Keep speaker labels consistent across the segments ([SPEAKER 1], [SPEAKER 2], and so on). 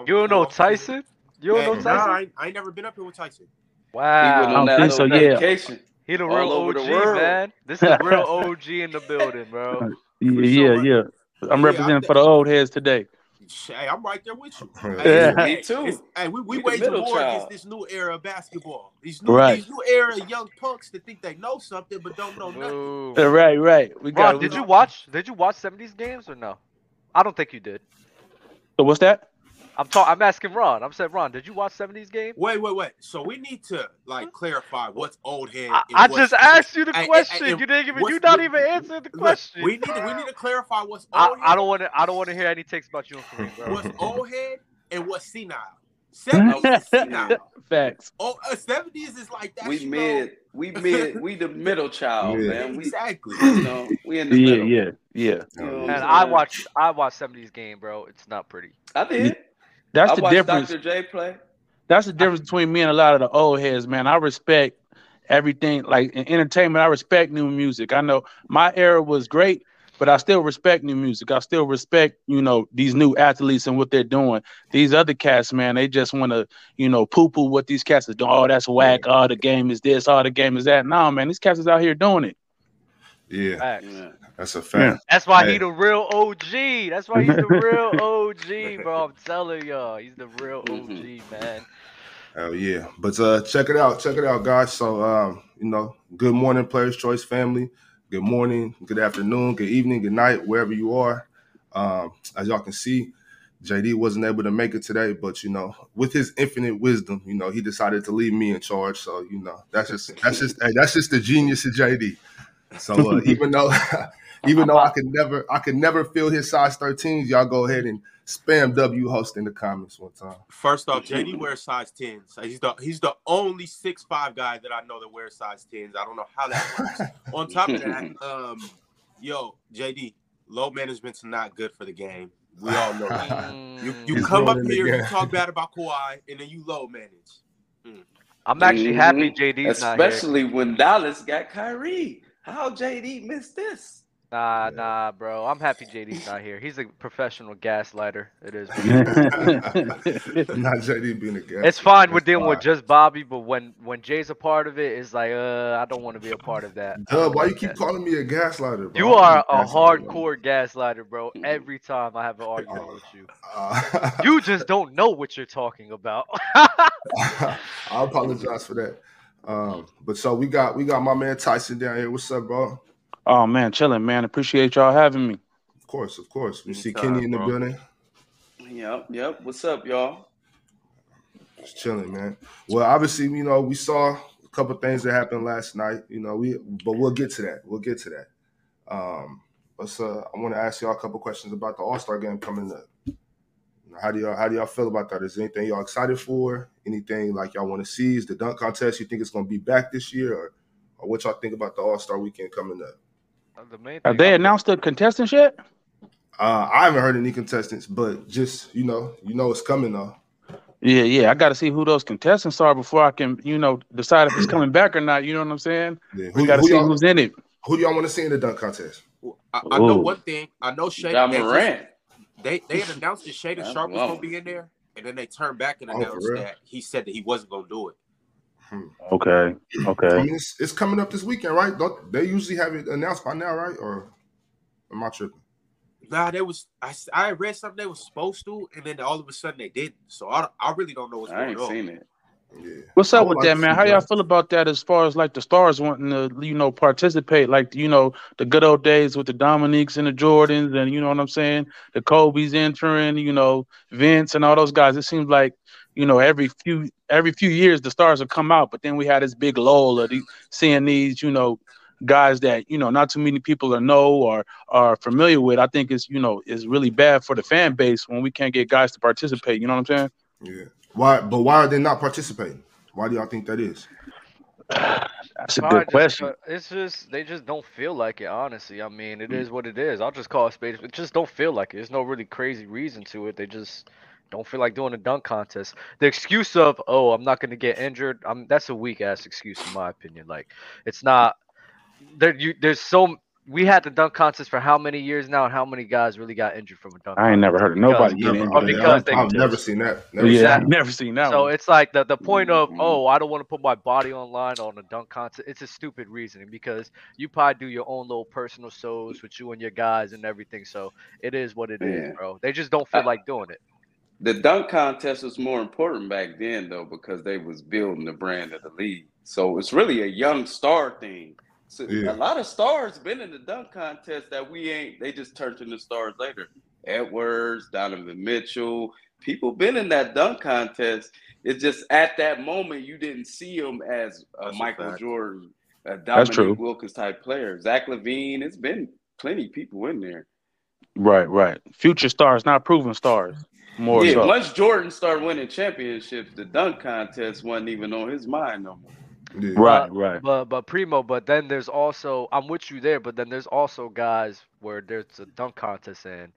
[SPEAKER 1] You don't know Tyson? You don't
[SPEAKER 2] Man,
[SPEAKER 1] know
[SPEAKER 2] nah,
[SPEAKER 1] Tyson?
[SPEAKER 2] I, I ain't never been up here with Tyson.
[SPEAKER 3] He went
[SPEAKER 1] Wow.
[SPEAKER 3] on
[SPEAKER 4] don't
[SPEAKER 3] that
[SPEAKER 4] think
[SPEAKER 3] little
[SPEAKER 4] so, yeah.
[SPEAKER 3] vacation.
[SPEAKER 1] He the
[SPEAKER 3] all
[SPEAKER 1] real
[SPEAKER 3] over the
[SPEAKER 1] OG,
[SPEAKER 3] world.
[SPEAKER 1] man. This is real OG in the building, bro.
[SPEAKER 4] Yeah,
[SPEAKER 2] sure.
[SPEAKER 4] yeah, yeah. I'm
[SPEAKER 2] Yeah,
[SPEAKER 4] representing
[SPEAKER 2] I'm
[SPEAKER 4] for the old heads today.
[SPEAKER 2] Hey, I'm right there with you.
[SPEAKER 4] Yeah.
[SPEAKER 2] Hey,
[SPEAKER 3] Me too.
[SPEAKER 2] it's- Hey, we, we
[SPEAKER 3] You the
[SPEAKER 2] waging
[SPEAKER 3] middle
[SPEAKER 2] war
[SPEAKER 3] child.
[SPEAKER 2] against this new era of basketball. These new,
[SPEAKER 4] Right.
[SPEAKER 2] these new era of young punks that think they know something but don't know nothing.
[SPEAKER 1] Ooh.
[SPEAKER 4] Uh, Right, right. We got.
[SPEAKER 1] Ron,
[SPEAKER 4] it.
[SPEAKER 1] did you watch? Did you watch '70s games or no? I don't think you did.
[SPEAKER 4] So what's that?
[SPEAKER 1] I'm talking. I'm asking Ron. I'm saying Ron, did you watch '70s game?
[SPEAKER 2] Wait, wait, wait. So we need to like clarify what's old head.
[SPEAKER 1] I,
[SPEAKER 2] and
[SPEAKER 1] I
[SPEAKER 2] what's-
[SPEAKER 1] just asked you the
[SPEAKER 2] I- I-
[SPEAKER 1] question.
[SPEAKER 2] and
[SPEAKER 1] you didn't even.
[SPEAKER 2] what's-
[SPEAKER 1] You not
[SPEAKER 2] what-
[SPEAKER 1] even answered the
[SPEAKER 2] Look,
[SPEAKER 1] question.
[SPEAKER 2] we Oh, need to, we need to clarify what's
[SPEAKER 1] I,
[SPEAKER 2] old.
[SPEAKER 1] I
[SPEAKER 2] head,
[SPEAKER 1] don't want to. I don't want to hear any takes about you and Kareem, bro.
[SPEAKER 2] What's old head and what's senile. Seventies is senile.
[SPEAKER 4] Facts.
[SPEAKER 2] Oh, seventies is like that.
[SPEAKER 3] We
[SPEAKER 2] you know,
[SPEAKER 3] mid. We mid. We the middle child,
[SPEAKER 5] Yeah.
[SPEAKER 3] man. We,
[SPEAKER 2] Exactly.
[SPEAKER 3] you know, we in the
[SPEAKER 4] Yeah,
[SPEAKER 3] middle.
[SPEAKER 4] yeah,
[SPEAKER 3] You
[SPEAKER 4] yeah.
[SPEAKER 3] know what I'm
[SPEAKER 1] And
[SPEAKER 3] saying?
[SPEAKER 1] I watched. I watched '70s game, bro. It's not pretty.
[SPEAKER 3] I did.
[SPEAKER 4] That's
[SPEAKER 3] I
[SPEAKER 4] the
[SPEAKER 3] watched
[SPEAKER 4] difference.
[SPEAKER 3] Dr. J play.
[SPEAKER 4] That's the difference between me and a lot of the old heads, man. I respect everything, like in entertainment. I respect new music. I know my era was great, but I still respect new music. I still respect, you know, these new athletes and what they're doing. These other cats, man, they just want to, you know, poo poo what these cats are doing. Oh, that's whack. Oh, the game is this. Oh, the game is that. No, man, these cats is out here doing it.
[SPEAKER 5] Yeah,
[SPEAKER 1] Facts.
[SPEAKER 3] Yeah.
[SPEAKER 5] that's a fact.
[SPEAKER 1] That's why he
[SPEAKER 5] Hey.
[SPEAKER 1] the real OG. That's why he's the real OG, bro. I'm telling y'all, he's the real
[SPEAKER 3] Mhm.
[SPEAKER 5] Mm-hmm.
[SPEAKER 1] OG, man.
[SPEAKER 5] Oh yeah. But uh check it out, check it out, guys. So um, you know, good morning, Players Choice family. Good morning, good afternoon, good evening, good night, wherever you are. Um, as y'all can see, JD wasn't able to make it today, but you know, with his infinite wisdom, you know, he decided to leave me in charge. So, you know, that's just that's just hey, that's just the genius of JD. So uh, even though even though I could never I could never feel his size 13s, y'all go ahead and spam W host in the comments one time.
[SPEAKER 2] First off, JD wears size tens. He's the he's the only six five guy that I know that wears size tens. I don't know how that works. On top of that, um, yo, JD, load management's not good for the game. We all know that. You you
[SPEAKER 1] Mm.
[SPEAKER 5] He's
[SPEAKER 2] come up
[SPEAKER 5] ruining the
[SPEAKER 2] here, you
[SPEAKER 5] game.
[SPEAKER 2] talk bad about Kawhi, and then you low manage.
[SPEAKER 1] I'm actually
[SPEAKER 5] Mm-hmm.
[SPEAKER 3] Mhm.
[SPEAKER 1] happy JD's not here.
[SPEAKER 3] Especially when Dallas got Kyrie. How JD missed this?
[SPEAKER 1] Nah,
[SPEAKER 5] Yeah.
[SPEAKER 1] nah, bro. I'm happy JD's not here. He's a professional gaslighter. It is. what it is.
[SPEAKER 4] yeah,
[SPEAKER 5] Not JD being a guest.
[SPEAKER 1] It's fine with
[SPEAKER 5] It's
[SPEAKER 1] dealing with
[SPEAKER 5] fine.
[SPEAKER 1] just Bobby, but when when Jay's a part of it, it's like, uh, I don't want to be a part of that. I
[SPEAKER 5] Dub,
[SPEAKER 1] don't
[SPEAKER 5] why you
[SPEAKER 1] like
[SPEAKER 5] keep
[SPEAKER 1] that.
[SPEAKER 5] calling me a gaslighter? Bro?
[SPEAKER 1] You are a
[SPEAKER 5] Gaslighter, bro.
[SPEAKER 1] hardcore gaslighter, bro.
[SPEAKER 3] Mhm.
[SPEAKER 1] Every time I have an argument
[SPEAKER 5] Oh.
[SPEAKER 1] with you,
[SPEAKER 5] Uh,
[SPEAKER 1] you just don't know what you're talking about.
[SPEAKER 5] I apologize for that. Um, but so we got we got my man Tyson down here. What's up, bro?
[SPEAKER 4] oh man, chilling, man. Appreciate y'all having me.
[SPEAKER 5] Of course, of course. We see
[SPEAKER 2] Anytime,
[SPEAKER 5] Kenny in the
[SPEAKER 2] bro.
[SPEAKER 5] building.
[SPEAKER 3] Yep, yep. What's up, y'all?
[SPEAKER 5] Just chilling, man. Well, obviously, you know, we saw a couple things that happened last night. You know, we but we'll get to that. We'll get to that. Um, let's. Uh, I want to ask y'all a couple questions about the All Star game coming up. You know, How do y'all How do y'all feel about that? Is there anything y'all excited for? Anything like y'all want to see? Is the dunk contest you think it's going to be back this year, or, or what y'all think about the All Star weekend coming up?
[SPEAKER 1] the main
[SPEAKER 4] Have
[SPEAKER 1] thing
[SPEAKER 4] they
[SPEAKER 1] I'm-
[SPEAKER 4] announced the contestants yet?
[SPEAKER 5] Uh, I haven't heard any contestants, but just you know, you know, it's coming though.
[SPEAKER 4] Yeah, yeah. I got to see who those contestants are before I can, you know, decide if it's coming back or not. You know what I'm saying?
[SPEAKER 5] Yeah. Who,
[SPEAKER 4] We got to
[SPEAKER 5] who
[SPEAKER 4] see
[SPEAKER 5] y'all,
[SPEAKER 4] who's in it.
[SPEAKER 5] who do y'all want to see in the dunk contest?
[SPEAKER 2] I, I know
[SPEAKER 4] Ooh.
[SPEAKER 2] one thing. I know Shade.
[SPEAKER 3] John Morant.
[SPEAKER 2] They they had announced that Shade
[SPEAKER 3] That's
[SPEAKER 2] Sharp was
[SPEAKER 3] low.
[SPEAKER 2] gonna be in there, and then they turned back and
[SPEAKER 5] Oh, for
[SPEAKER 2] announced
[SPEAKER 5] real?
[SPEAKER 2] that he said that he wasn't gonna do it.
[SPEAKER 4] Okay.
[SPEAKER 5] I
[SPEAKER 4] Okay.
[SPEAKER 5] mean, it's, it's coming up this weekend, right? Don't, they usually have it announced by now, right? Or am I tripping?
[SPEAKER 2] Nah, they was I, s- I read something they was supposed to, and then all of a sudden they didn't. So I, don't- I really don't know what's
[SPEAKER 3] I
[SPEAKER 2] going
[SPEAKER 3] ain't
[SPEAKER 2] on.
[SPEAKER 3] seen it.
[SPEAKER 5] Yeah.
[SPEAKER 4] What's
[SPEAKER 5] I
[SPEAKER 4] up
[SPEAKER 5] would
[SPEAKER 4] with
[SPEAKER 5] like
[SPEAKER 4] that,
[SPEAKER 5] to
[SPEAKER 4] man?
[SPEAKER 5] see
[SPEAKER 4] How y'all
[SPEAKER 5] that.
[SPEAKER 4] feel about that as far as like the stars wanting to, you know, participate? Like, you know, the good old days with the Dominiques and the Jordans and, you know what I'm saying? The Kobe's entering, you know, Vince and all those guys. It seems like, you know, every few every few years the stars will come out, but then we had this big lull of the, seeing these, you know, guys that, you know, not too many people are know or are familiar with. I think it's, you know, is really bad for the fan base when we can't get guys to participate. You know what I'm saying?
[SPEAKER 5] Yeah. Why? But why are they not participating? Why do y'all think that is?
[SPEAKER 4] That's a
[SPEAKER 1] Probably
[SPEAKER 4] good
[SPEAKER 1] just
[SPEAKER 4] question.
[SPEAKER 1] because- It's just they just don't feel like it. Honestly, I mean,
[SPEAKER 4] Mm.
[SPEAKER 1] it is what it is. I'll just call it spades. It just don't feel like it. There's no really crazy reason to it. They just don't feel like doing a dunk contest. The excuse of oh, I'm not going to get injured. I'm that's a weak ass excuse in my opinion. Like it's not there. You there's so we had the dunk contest for how many years now, and how many guys really got injured from a dunk?
[SPEAKER 4] I ain't never heard of nobody
[SPEAKER 1] Because-
[SPEAKER 4] getting
[SPEAKER 5] Never,
[SPEAKER 1] Oh,
[SPEAKER 4] injured.
[SPEAKER 1] because they-
[SPEAKER 5] I've never seen that. Never seen
[SPEAKER 4] yeah,
[SPEAKER 5] that.
[SPEAKER 1] Exactly.
[SPEAKER 4] I've never seen that
[SPEAKER 1] So
[SPEAKER 4] one.
[SPEAKER 1] it's like the, the point of
[SPEAKER 3] Mhm.
[SPEAKER 1] oh I don't want to put my body online on a dunk contest. It's a stupid reasoning because you probably do your own little personal shows with you and your guys and everything. So it is what it is,
[SPEAKER 3] Yeah.
[SPEAKER 1] bro. They just don't feel
[SPEAKER 3] I-
[SPEAKER 1] like doing it.
[SPEAKER 3] The dunk contest was more important back then though because they was building the brand of the league. So it's really a young star thing. So
[SPEAKER 5] Yeah.
[SPEAKER 3] a lot of stars been in the dunk contest that we ain't they just turned into stars later. Edwards, Donovan Mitchell, people been in that dunk contest. It's just at that moment you didn't see them as a
[SPEAKER 2] That's a
[SPEAKER 3] Michael
[SPEAKER 2] fact.
[SPEAKER 3] Jordan, a
[SPEAKER 4] That's true.
[SPEAKER 3] Dominique Wilkins type player. Zach Levine, it's been plenty people in there.
[SPEAKER 4] Right, right. Future stars, not proven stars. More
[SPEAKER 3] yeah,
[SPEAKER 4] so.
[SPEAKER 3] once Jordan started winning championships, the dunk contest wasn't even on his mind no more.
[SPEAKER 5] Yeah.
[SPEAKER 4] Right, right.
[SPEAKER 1] But but primo, but then there's also I'm with you there, but then there's also guys where there's a dunk contest and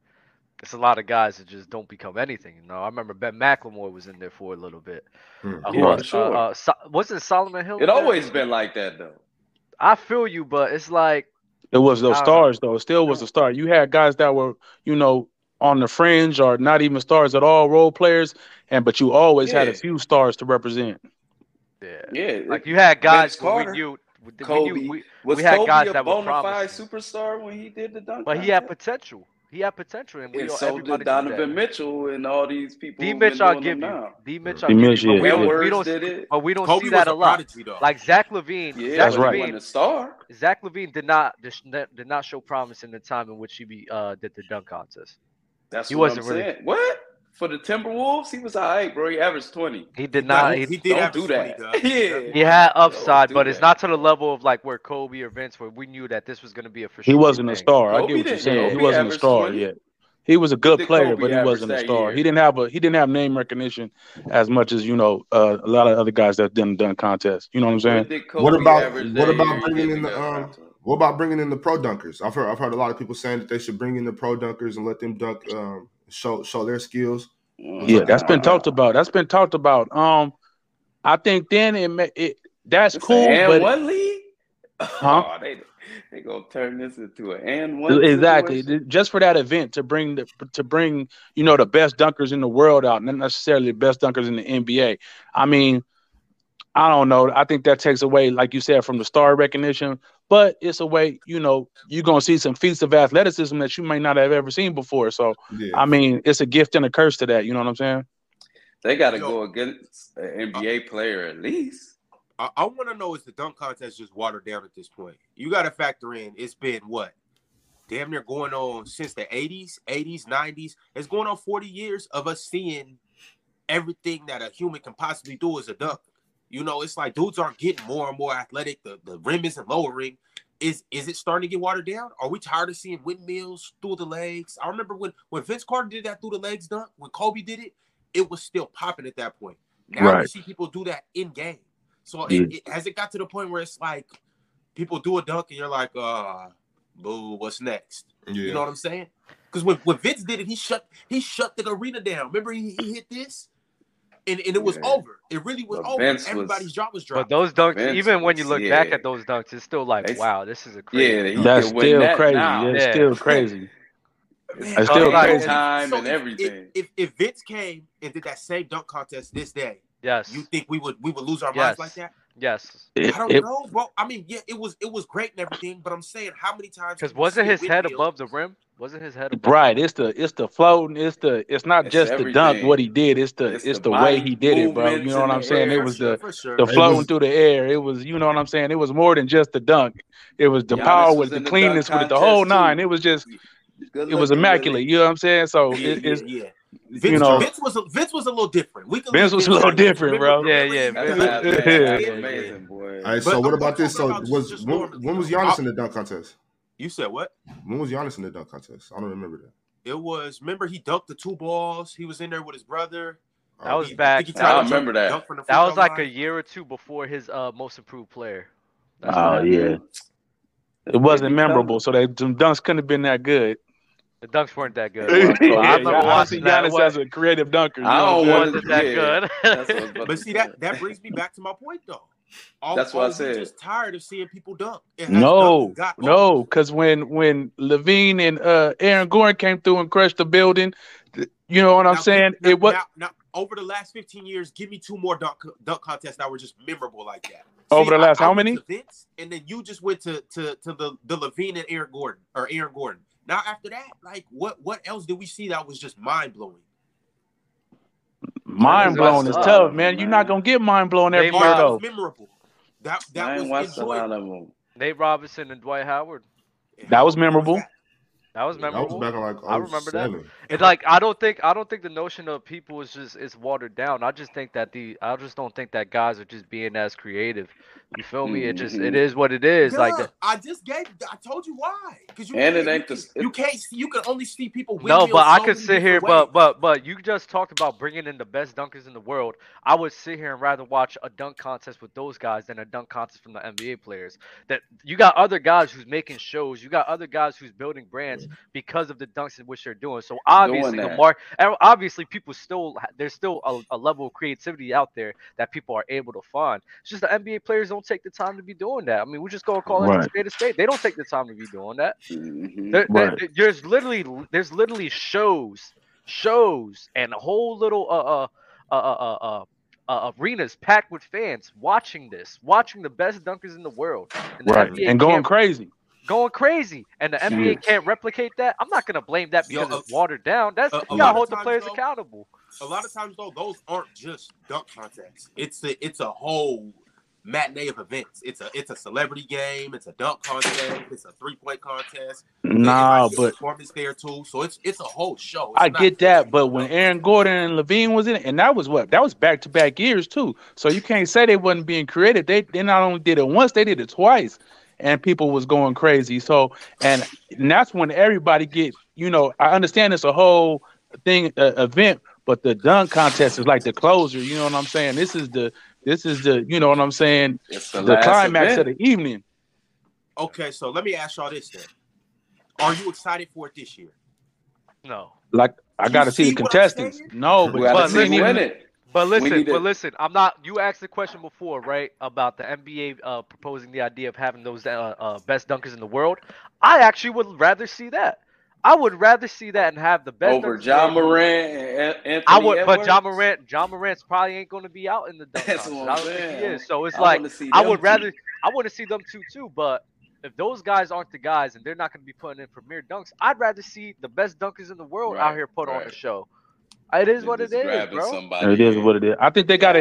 [SPEAKER 1] it's a lot of guys that just don't become anything. You know, I remember Ben McLemore was in there for a little bit.
[SPEAKER 5] Hmm.
[SPEAKER 1] Uh, who
[SPEAKER 4] Yeah,
[SPEAKER 1] else?
[SPEAKER 3] Mm, for sure.
[SPEAKER 1] Uh, uh, so- wasn't Solomon Hill? in
[SPEAKER 3] It
[SPEAKER 1] there?
[SPEAKER 3] always been like that though.
[SPEAKER 1] I feel you, but it's like
[SPEAKER 4] It was
[SPEAKER 1] I
[SPEAKER 4] those
[SPEAKER 1] don't know.
[SPEAKER 4] stars though. It still was a star. You had guys that were, you know, on the fringe or not even stars at all, role players, and but you always had a
[SPEAKER 3] Yeah.
[SPEAKER 4] few stars to represent.
[SPEAKER 1] yeah,
[SPEAKER 3] Yeah,
[SPEAKER 1] like you had guys who we
[SPEAKER 3] Carter,
[SPEAKER 1] knew. We, we
[SPEAKER 3] Kobe,
[SPEAKER 1] knew we,
[SPEAKER 3] was
[SPEAKER 1] had
[SPEAKER 3] Kobe
[SPEAKER 1] guys
[SPEAKER 3] a
[SPEAKER 1] that were
[SPEAKER 3] bona fide
[SPEAKER 1] promising.
[SPEAKER 3] superstar when he did the dunk?
[SPEAKER 1] but he had
[SPEAKER 3] contest?
[SPEAKER 1] potential. He had potential, and we
[SPEAKER 3] and
[SPEAKER 1] all-
[SPEAKER 3] so
[SPEAKER 1] everybody
[SPEAKER 3] did
[SPEAKER 1] knew
[SPEAKER 3] Donovan
[SPEAKER 1] that.
[SPEAKER 3] Mitchell and all these people.
[SPEAKER 1] D
[SPEAKER 3] who've been
[SPEAKER 1] Mitch, I'll
[SPEAKER 3] doing
[SPEAKER 1] give
[SPEAKER 3] them
[SPEAKER 1] you.
[SPEAKER 3] now.
[SPEAKER 1] D Mitch,
[SPEAKER 5] D
[SPEAKER 1] I'll give
[SPEAKER 4] Mitch,
[SPEAKER 1] you. But
[SPEAKER 4] yeah,
[SPEAKER 1] we
[SPEAKER 4] yeah.
[SPEAKER 1] don't, we
[SPEAKER 3] Edwards
[SPEAKER 1] don't,
[SPEAKER 3] did it.
[SPEAKER 1] but we don't
[SPEAKER 2] Kobe
[SPEAKER 1] see
[SPEAKER 2] was
[SPEAKER 1] that
[SPEAKER 2] a
[SPEAKER 1] a lot.
[SPEAKER 2] prodigy though.
[SPEAKER 1] Like Zach Levine,
[SPEAKER 3] Yeah,
[SPEAKER 1] Zach
[SPEAKER 4] That's
[SPEAKER 3] but he
[SPEAKER 4] right.
[SPEAKER 1] Levine,
[SPEAKER 3] wasn't a star.
[SPEAKER 1] Zach Levine did not did not did not show promise in the time in which he be, uh, did the dunk contest.
[SPEAKER 3] That's
[SPEAKER 1] He
[SPEAKER 3] what I'm
[SPEAKER 1] wasn't really-
[SPEAKER 3] saying. What for the Timberwolves? He was all right, bro. He averaged twenty.
[SPEAKER 1] He did
[SPEAKER 2] Nah,
[SPEAKER 1] not.
[SPEAKER 2] he,
[SPEAKER 1] He,
[SPEAKER 2] he
[SPEAKER 1] he,
[SPEAKER 2] did
[SPEAKER 3] Don't
[SPEAKER 2] average
[SPEAKER 3] do that.
[SPEAKER 2] 20, though.
[SPEAKER 3] Yeah.
[SPEAKER 1] had upside,
[SPEAKER 3] do
[SPEAKER 1] but it's
[SPEAKER 3] that.
[SPEAKER 1] not to the level of like where Kobe or Vince, where we knew that this was going to be a for
[SPEAKER 4] He
[SPEAKER 1] sure
[SPEAKER 4] wasn't a
[SPEAKER 1] thing.
[SPEAKER 4] star.
[SPEAKER 3] Kobe
[SPEAKER 4] I get what you're
[SPEAKER 3] didn't.
[SPEAKER 4] saying. he
[SPEAKER 3] Kobe
[SPEAKER 4] wasn't a
[SPEAKER 3] averaged
[SPEAKER 4] star
[SPEAKER 3] 20.
[SPEAKER 4] yet. He was a
[SPEAKER 3] What
[SPEAKER 4] good
[SPEAKER 3] did
[SPEAKER 4] player,
[SPEAKER 3] Kobe
[SPEAKER 4] but he
[SPEAKER 3] average
[SPEAKER 4] wasn't a
[SPEAKER 3] that
[SPEAKER 4] star.
[SPEAKER 3] year?
[SPEAKER 4] He didn't have a he didn't have name recognition as much as you know uh, a lot of other guys that didn't done contest. You know what I'm saying?
[SPEAKER 3] What did Kobe
[SPEAKER 5] What about-
[SPEAKER 3] average
[SPEAKER 5] what
[SPEAKER 3] that
[SPEAKER 5] about
[SPEAKER 3] year? He
[SPEAKER 5] bringing
[SPEAKER 3] didn't
[SPEAKER 5] in the,
[SPEAKER 3] get
[SPEAKER 5] um,
[SPEAKER 3] that.
[SPEAKER 5] What about bringing in the pro dunkers? I've heard I've heard a lot of people saying that they should bring in the pro dunkers and let them dunk, um, show show their skills.
[SPEAKER 3] Oh,
[SPEAKER 4] Yeah,
[SPEAKER 5] Nah.
[SPEAKER 4] that's been talked about. That's been talked about. Um, I think then it ma- it that's
[SPEAKER 3] It's
[SPEAKER 4] cool,
[SPEAKER 3] an and
[SPEAKER 4] but
[SPEAKER 3] one league.
[SPEAKER 4] Huh?
[SPEAKER 3] Oh, they they gonna turn this into an and one.
[SPEAKER 4] Exactly.
[SPEAKER 3] situation?
[SPEAKER 4] Th- Just for that event to bring the to bring you know the best dunkers in the world out, not necessarily the best dunkers in the NBA. I mean, I don't know. I think that takes away, like you said, from the star recognition. But it's a way, you know, you're gonna see some feats of athleticism that you may not have ever seen before. So
[SPEAKER 5] Yeah,
[SPEAKER 4] I mean, it's a gift and a curse to that. You know what I'm saying?
[SPEAKER 3] They gotta
[SPEAKER 2] Yo. Uh,
[SPEAKER 3] go against an NBA player at least.
[SPEAKER 2] I, I want to know is the dunk contest just watered down at this point? You got to factor in it's been what, damn near going on since the '80s, '80s, '90s. It's going on 40 years of us seeing everything that a human can possibly do as a dunk. You know, it's like dudes aren't getting more and more athletic. The, the rim isn't lowering. Is is it starting to get watered down? Are we tired of seeing windmills through the legs? I remember when when Vince Carter did that through the legs dunk. When Kobe did it, it was still popping at that point. Now we
[SPEAKER 4] Right.
[SPEAKER 2] see people do that in game. So
[SPEAKER 4] Yeah.
[SPEAKER 2] it, it, has it got to the point where it's like people do a dunk and you're like, uh, boo, what's next?
[SPEAKER 5] yeah.
[SPEAKER 2] You know what I'm saying? Because when, when Vince did it, he shut he shut the arena down. Remember he, he hit this, and, and it was
[SPEAKER 3] Yeah.
[SPEAKER 2] over. It really was
[SPEAKER 3] But
[SPEAKER 2] over.
[SPEAKER 3] Vince was-
[SPEAKER 2] Everybody's jaw was
[SPEAKER 1] But
[SPEAKER 2] dropped.
[SPEAKER 1] those dunks,
[SPEAKER 3] Vince
[SPEAKER 1] even when you
[SPEAKER 3] was-
[SPEAKER 1] look back
[SPEAKER 3] yeah.
[SPEAKER 1] at those dunks, it's still like,
[SPEAKER 3] It's-
[SPEAKER 1] wow, this is a crazy.
[SPEAKER 3] Yeah, he
[SPEAKER 1] dunk.
[SPEAKER 4] That's
[SPEAKER 3] can win
[SPEAKER 4] still
[SPEAKER 3] that
[SPEAKER 4] crazy.
[SPEAKER 3] now.
[SPEAKER 4] That's
[SPEAKER 1] Yeah.
[SPEAKER 4] still crazy.
[SPEAKER 2] Man,
[SPEAKER 4] It's still
[SPEAKER 2] so-
[SPEAKER 4] crazy.
[SPEAKER 3] Time and
[SPEAKER 2] if- if-
[SPEAKER 3] everything.
[SPEAKER 2] If, if Vince came and did that same dunk contest this day,
[SPEAKER 1] Yes,
[SPEAKER 2] you think we would we would lose our minds
[SPEAKER 1] Yes.
[SPEAKER 2] like that?
[SPEAKER 1] yes.
[SPEAKER 4] It-
[SPEAKER 2] I don't
[SPEAKER 4] it-
[SPEAKER 2] know, bro. I mean, yeah, it was it was great and everything, but I'm saying how many times?
[SPEAKER 1] Because
[SPEAKER 2] can we
[SPEAKER 1] wasn't
[SPEAKER 2] see
[SPEAKER 1] his head
[SPEAKER 2] Whitfield-
[SPEAKER 1] above the rim? Wasn't his head above?
[SPEAKER 4] Right. It's the it's the floating. It's the it's not
[SPEAKER 3] It's
[SPEAKER 4] just the dunk
[SPEAKER 3] everything.
[SPEAKER 4] what he did. It's the
[SPEAKER 3] It's
[SPEAKER 4] it's,
[SPEAKER 3] the
[SPEAKER 4] the, way
[SPEAKER 3] body
[SPEAKER 4] he did it, bro. You
[SPEAKER 3] movements
[SPEAKER 4] know what
[SPEAKER 3] in
[SPEAKER 4] I'm
[SPEAKER 3] the
[SPEAKER 4] saying?
[SPEAKER 3] air.
[SPEAKER 4] It was
[SPEAKER 2] For sure,
[SPEAKER 4] the
[SPEAKER 2] for sure.
[SPEAKER 4] the
[SPEAKER 5] was-
[SPEAKER 4] floating through the air. It was you know what I'm saying? It was more than just the dunk. It was the
[SPEAKER 3] Giannis
[SPEAKER 4] power
[SPEAKER 3] was
[SPEAKER 4] with it, the
[SPEAKER 3] in the dunk
[SPEAKER 4] cleanness with it, the
[SPEAKER 3] contest,
[SPEAKER 4] whole nine.
[SPEAKER 3] too.
[SPEAKER 4] It was just
[SPEAKER 3] Good
[SPEAKER 4] it was
[SPEAKER 3] looking, really.
[SPEAKER 4] immaculate. You know what I'm saying? So
[SPEAKER 2] yeah,
[SPEAKER 4] it,
[SPEAKER 2] yeah,
[SPEAKER 4] it's
[SPEAKER 2] yeah. Vince,
[SPEAKER 4] you know
[SPEAKER 2] Vince was a, Vince was a little different. We can
[SPEAKER 4] Vince
[SPEAKER 2] leave
[SPEAKER 4] was a little
[SPEAKER 2] out of this.
[SPEAKER 4] different, bro.
[SPEAKER 1] Yeah,
[SPEAKER 2] remember
[SPEAKER 1] yeah,
[SPEAKER 2] he-
[SPEAKER 3] That's
[SPEAKER 1] Vince
[SPEAKER 2] he-
[SPEAKER 1] was-
[SPEAKER 3] how
[SPEAKER 2] he-
[SPEAKER 3] bad. That's
[SPEAKER 2] he-
[SPEAKER 1] yeah, yeah.
[SPEAKER 3] amazing, boy.
[SPEAKER 5] All right.
[SPEAKER 2] But
[SPEAKER 5] So
[SPEAKER 2] I'm
[SPEAKER 5] what about this?
[SPEAKER 2] talking
[SPEAKER 5] So
[SPEAKER 2] about
[SPEAKER 5] was
[SPEAKER 2] just
[SPEAKER 5] when,
[SPEAKER 2] normally,
[SPEAKER 5] when was
[SPEAKER 2] though.
[SPEAKER 5] Giannis
[SPEAKER 2] I-
[SPEAKER 5] in the dunk contest?
[SPEAKER 2] You said what?
[SPEAKER 5] When was Giannis in the dunk contest? I don't remember that.
[SPEAKER 2] It was. Remember, he dunked the two balls. He was in there with his brother.
[SPEAKER 1] That was
[SPEAKER 2] He-
[SPEAKER 1] back.
[SPEAKER 2] he
[SPEAKER 1] That,
[SPEAKER 2] tried to
[SPEAKER 3] I
[SPEAKER 1] was-
[SPEAKER 3] remember that.
[SPEAKER 2] dunk from the
[SPEAKER 1] that
[SPEAKER 2] free
[SPEAKER 1] was
[SPEAKER 2] throw
[SPEAKER 1] like a
[SPEAKER 2] line.
[SPEAKER 1] year or two before his uh most improved player. That's what
[SPEAKER 4] oh
[SPEAKER 1] happened.
[SPEAKER 4] yeah. It wasn't memorable, so they some dunks couldn't have been that good.
[SPEAKER 1] The dunks weren't that good.
[SPEAKER 3] They weren't so
[SPEAKER 1] Well, I
[SPEAKER 3] good.
[SPEAKER 1] remember
[SPEAKER 4] yeah, I see
[SPEAKER 1] watching that. It
[SPEAKER 4] Giannis as
[SPEAKER 1] wasn't,
[SPEAKER 4] a creative dunker. you
[SPEAKER 3] I
[SPEAKER 4] know what I'm
[SPEAKER 3] don't
[SPEAKER 1] it
[SPEAKER 3] want
[SPEAKER 4] saying?
[SPEAKER 1] wasn't that good.
[SPEAKER 3] yeah, That's what I was about
[SPEAKER 2] But
[SPEAKER 3] to
[SPEAKER 2] see
[SPEAKER 3] say.
[SPEAKER 2] that that brings me back to my point though. All,
[SPEAKER 3] That's what I
[SPEAKER 2] all we
[SPEAKER 3] said.
[SPEAKER 2] Just tired of seeing people dunk. It has
[SPEAKER 4] No,
[SPEAKER 2] nothing got old.
[SPEAKER 4] no, because when when Levine and uh, Aaron Gordon came through and crushed the building, th- you know what I'm
[SPEAKER 2] Now,
[SPEAKER 4] saying?
[SPEAKER 2] now-
[SPEAKER 4] it was
[SPEAKER 2] now, now, over the last 15 years, give me two more dunk, dunk contests that were just memorable like that.
[SPEAKER 4] Over the last how
[SPEAKER 2] went
[SPEAKER 4] many?
[SPEAKER 2] to Vince, and then you just went to to to the the Levine and Aaron Gordon or Aaron Gordon. Now after that, like what what else did we see that was just mind blowing?
[SPEAKER 4] mind blowing. It's
[SPEAKER 1] What's
[SPEAKER 4] tough,
[SPEAKER 3] up,
[SPEAKER 4] man. You're
[SPEAKER 3] man?
[SPEAKER 4] not gonna get mind blown
[SPEAKER 1] They
[SPEAKER 4] every
[SPEAKER 1] might-
[SPEAKER 4] year
[SPEAKER 2] That
[SPEAKER 4] though.
[SPEAKER 2] was memorable. That that
[SPEAKER 3] I ain't
[SPEAKER 2] was
[SPEAKER 3] watched a lot
[SPEAKER 2] enjoyable.
[SPEAKER 3] of them.
[SPEAKER 1] Nate Robinson and Dwight Howard.
[SPEAKER 2] And
[SPEAKER 4] That
[SPEAKER 2] how
[SPEAKER 4] was
[SPEAKER 2] old
[SPEAKER 4] memorable.
[SPEAKER 2] that?
[SPEAKER 1] That was
[SPEAKER 5] That was
[SPEAKER 1] memorable.
[SPEAKER 5] back in like
[SPEAKER 1] I remember that.
[SPEAKER 5] 07.
[SPEAKER 1] It's like I don't think I don't think the notion of people is just is watered down. I just think that the I just don't think that guys are just being as creative. You feel me? It just
[SPEAKER 4] Mm-hmm.
[SPEAKER 1] it
[SPEAKER 3] Mhm.
[SPEAKER 1] is what it is. Like
[SPEAKER 2] Duh, I just gave. I told you why. Because you
[SPEAKER 3] And it
[SPEAKER 2] can't-
[SPEAKER 3] ain't
[SPEAKER 2] you,
[SPEAKER 3] the-
[SPEAKER 2] can- you can't. See, you can only see people.
[SPEAKER 1] No,
[SPEAKER 2] windmills
[SPEAKER 1] but I
[SPEAKER 2] so
[SPEAKER 1] could
[SPEAKER 2] many
[SPEAKER 1] sit here,
[SPEAKER 2] different
[SPEAKER 1] but
[SPEAKER 2] ways.
[SPEAKER 1] but but you just talked about bringing in the best dunkers in the world. I would sit here and rather watch a dunk contest with those guys than a dunk contest from the NBA players. That you got other guys who's making shows, you got other guys who's building brands because of the dunks in which they're doing. So obviously, the
[SPEAKER 3] that.
[SPEAKER 1] mark, and obviously, people still ha- there's still a, a level of creativity out there that people are able to find. It's just the NBA players don't take the time to be doing that. I mean, we just gonna call it
[SPEAKER 4] Right.
[SPEAKER 1] a state of state. They don't take the time to be doing that.
[SPEAKER 3] Mhm.
[SPEAKER 1] There, there-
[SPEAKER 4] Right.
[SPEAKER 1] there- there's literally there's literally shows, shows, and whole little uh uh uh uh uh. uh uh, arenas packed with fans watching this, watching the best dunkers in the world, and the
[SPEAKER 4] Right.
[SPEAKER 1] NBA
[SPEAKER 4] And going
[SPEAKER 1] can't-
[SPEAKER 4] crazy.
[SPEAKER 1] going crazy, and the NBA
[SPEAKER 3] Huge.
[SPEAKER 1] can't replicate that. I'm not gonna blame that
[SPEAKER 2] Yo,
[SPEAKER 1] because
[SPEAKER 2] uh,
[SPEAKER 1] it's watered down. That's
[SPEAKER 2] a- a
[SPEAKER 1] you
[SPEAKER 2] lot of
[SPEAKER 1] gotta hold the
[SPEAKER 2] times,
[SPEAKER 1] players
[SPEAKER 2] though-
[SPEAKER 1] accountable.
[SPEAKER 2] a lot of times though those aren't just dunk contests it's a it's a whole matinee of events it's a it's a celebrity game it's a dunk contest it's a three-point contest They
[SPEAKER 4] Nah,
[SPEAKER 2] invite your
[SPEAKER 4] but
[SPEAKER 2] performance there too so it's it's a whole show It's
[SPEAKER 4] I
[SPEAKER 2] not
[SPEAKER 4] get
[SPEAKER 2] just
[SPEAKER 4] that.
[SPEAKER 2] a
[SPEAKER 4] But when
[SPEAKER 2] dunk
[SPEAKER 4] Aaron
[SPEAKER 2] contest.
[SPEAKER 4] Gordon and Levine was in it, and that was what that was back to back years too. So you can't say they wasn't being creative. They they not only did it once, they did it twice, and people was going crazy. So and, and that's when everybody get you know. I understand it's a whole thing uh, event, but the dunk contest is like the closer. You know what I'm saying? This is the this is the you know what I'm saying
[SPEAKER 3] It's the,
[SPEAKER 4] the,
[SPEAKER 3] last
[SPEAKER 4] climax
[SPEAKER 3] event.
[SPEAKER 4] of the evening.
[SPEAKER 2] okay so let me ask y'all this then are you excited for it this year
[SPEAKER 1] No,
[SPEAKER 4] Like I
[SPEAKER 2] You
[SPEAKER 4] got to see,
[SPEAKER 2] see
[SPEAKER 4] the
[SPEAKER 2] what I'm
[SPEAKER 4] contestants.
[SPEAKER 2] saying?
[SPEAKER 4] No, but,
[SPEAKER 3] We gotta
[SPEAKER 1] But
[SPEAKER 3] see
[SPEAKER 1] listen-
[SPEAKER 3] who win
[SPEAKER 4] even,
[SPEAKER 3] it.
[SPEAKER 1] But
[SPEAKER 3] We
[SPEAKER 1] listen,
[SPEAKER 3] need
[SPEAKER 1] but
[SPEAKER 3] to-
[SPEAKER 1] listen, I'm not. You asked the question before, right, about the NBA uh, proposing the idea of having those uh, uh, best dunkers in the world. I actually would rather see that. I would rather see that and have the best
[SPEAKER 3] over
[SPEAKER 1] dunkers
[SPEAKER 3] John
[SPEAKER 1] in the world.
[SPEAKER 3] Morant and An- Anthony
[SPEAKER 1] I would, but
[SPEAKER 3] Edwards.
[SPEAKER 1] John Morant, John Morant's probably ain't going to be out in the dunk
[SPEAKER 3] That's
[SPEAKER 1] contest.
[SPEAKER 3] what
[SPEAKER 1] I
[SPEAKER 3] I'm
[SPEAKER 1] don't think he
[SPEAKER 3] saying.
[SPEAKER 1] is. So it's
[SPEAKER 3] I
[SPEAKER 1] like
[SPEAKER 3] wanna see
[SPEAKER 1] I
[SPEAKER 3] them
[SPEAKER 1] would
[SPEAKER 3] two.
[SPEAKER 1] rather I want to see them two too. But if those guys aren't the guys and they're not going to be putting in premier dunks, I'd rather see the best dunkers in the world out
[SPEAKER 3] Right,
[SPEAKER 1] here put on the
[SPEAKER 3] right.
[SPEAKER 1] show. It is
[SPEAKER 3] They're
[SPEAKER 1] what it
[SPEAKER 3] just
[SPEAKER 1] is,
[SPEAKER 3] grabbing
[SPEAKER 1] bro.
[SPEAKER 3] somebody
[SPEAKER 4] It is
[SPEAKER 3] and-
[SPEAKER 4] what it is. I think they got to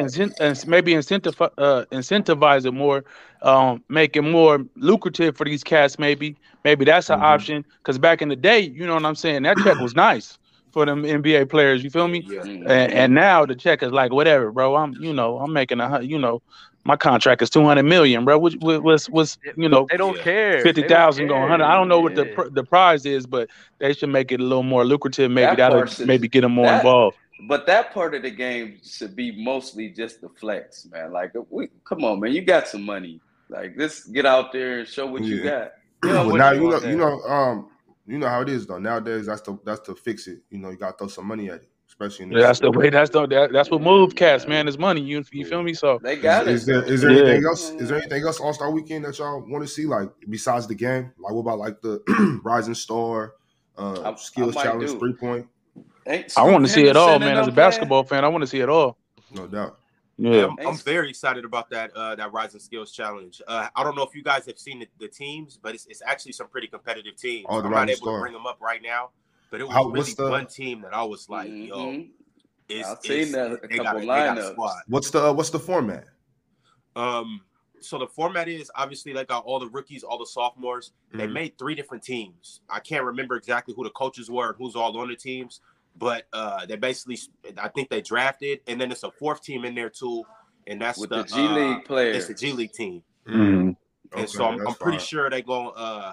[SPEAKER 4] maybe incentivize uh, incentivize it more, um, make it more lucrative for these cats. Maybe maybe that's an
[SPEAKER 5] Mhm.
[SPEAKER 4] option. Because back in the day, you know what I'm saying, that check was nice for them NBA players. You feel me?
[SPEAKER 2] yeah
[SPEAKER 3] Mhm.
[SPEAKER 4] And, and now the check is like whatever, bro. I'm you know I'm making a hun- you know my contract is two hundred million, bro. What what- what's what's you know
[SPEAKER 1] They don't
[SPEAKER 2] Yeah.
[SPEAKER 1] care. They
[SPEAKER 4] fifty
[SPEAKER 1] don't
[SPEAKER 4] thousand going
[SPEAKER 1] care.
[SPEAKER 4] hundred? I don't know what the
[SPEAKER 1] Yeah.
[SPEAKER 4] pr- the prize is, but they should make it a little more lucrative. Maybe
[SPEAKER 3] That
[SPEAKER 4] that will
[SPEAKER 3] part should-
[SPEAKER 4] maybe get them more
[SPEAKER 3] that-
[SPEAKER 4] involved.
[SPEAKER 3] But that part of the game should be mostly just the flex, man. Like, we, come on, man, you got some money. Like, let's get out there and show what you
[SPEAKER 5] Yeah.
[SPEAKER 3] got.
[SPEAKER 1] Yeah,
[SPEAKER 5] but
[SPEAKER 1] what
[SPEAKER 5] now
[SPEAKER 1] you
[SPEAKER 5] you know,
[SPEAKER 1] want
[SPEAKER 5] you
[SPEAKER 1] there?
[SPEAKER 5] know, um, you know how it is though. Nowadays, that's the that's to fix it. You know, you got to throw some money at it, especially in
[SPEAKER 4] Yeah, that's the way. That's the that, that's what
[SPEAKER 3] Yeah,
[SPEAKER 4] move cats,
[SPEAKER 3] man.
[SPEAKER 4] man. Is money. You you
[SPEAKER 5] Yeah.
[SPEAKER 4] feel me? So
[SPEAKER 3] They
[SPEAKER 5] Is,
[SPEAKER 3] got
[SPEAKER 5] is
[SPEAKER 3] it.
[SPEAKER 5] there is there
[SPEAKER 4] Yeah.
[SPEAKER 5] anything else? Is there anything else All Star Weekend that y'all want to see? Like besides the game, like what about like the Rising Star,
[SPEAKER 3] I-
[SPEAKER 5] uh,
[SPEAKER 3] I
[SPEAKER 5] skills
[SPEAKER 3] might
[SPEAKER 5] challenge,
[SPEAKER 3] do.
[SPEAKER 5] three point?
[SPEAKER 3] Mm-hmm. Ain't
[SPEAKER 4] I want to
[SPEAKER 3] Scoot
[SPEAKER 4] see it all,
[SPEAKER 3] Henderson
[SPEAKER 4] man.
[SPEAKER 3] and
[SPEAKER 4] As a
[SPEAKER 3] them playing?
[SPEAKER 4] basketball fan, I want to see it all.
[SPEAKER 5] No doubt.
[SPEAKER 2] Yeah,
[SPEAKER 4] Yeah,
[SPEAKER 2] I'm, I'm very excited about that uh, that Rising Skills Challenge. Uh, I don't know if you guys have seen the, the teams, but it's, it's actually some pretty competitive teams.
[SPEAKER 5] Oh, the
[SPEAKER 2] I'm not
[SPEAKER 5] Rising
[SPEAKER 2] able
[SPEAKER 5] Star.
[SPEAKER 2] to bring them up right now, but it was
[SPEAKER 5] How-
[SPEAKER 2] really
[SPEAKER 5] what's the-
[SPEAKER 2] one team that I was like, yo,
[SPEAKER 3] Mhm.
[SPEAKER 2] it's,
[SPEAKER 3] I've seen
[SPEAKER 2] it's-
[SPEAKER 3] that a
[SPEAKER 2] they got,
[SPEAKER 3] couple
[SPEAKER 2] they got a
[SPEAKER 3] lineups.
[SPEAKER 2] squad.
[SPEAKER 5] What's the uh, what's the format?
[SPEAKER 2] Um, so the format is obviously they got all the rookies, all the sophomores. They
[SPEAKER 5] Mhm.
[SPEAKER 2] made three different teams. I can't remember exactly who the coaches were and who's all on the teams, but uh, they basically, I think they drafted, and then it's a fourth team in there too, and that's
[SPEAKER 3] with
[SPEAKER 2] the,
[SPEAKER 3] the G
[SPEAKER 2] uh,
[SPEAKER 3] League
[SPEAKER 2] It's
[SPEAKER 3] players.
[SPEAKER 2] the G League team.
[SPEAKER 4] Mm-hmm.
[SPEAKER 5] Okay,
[SPEAKER 2] And so I'm,
[SPEAKER 5] that's
[SPEAKER 2] I'm pretty
[SPEAKER 5] fine.
[SPEAKER 2] sure they're going to, uh,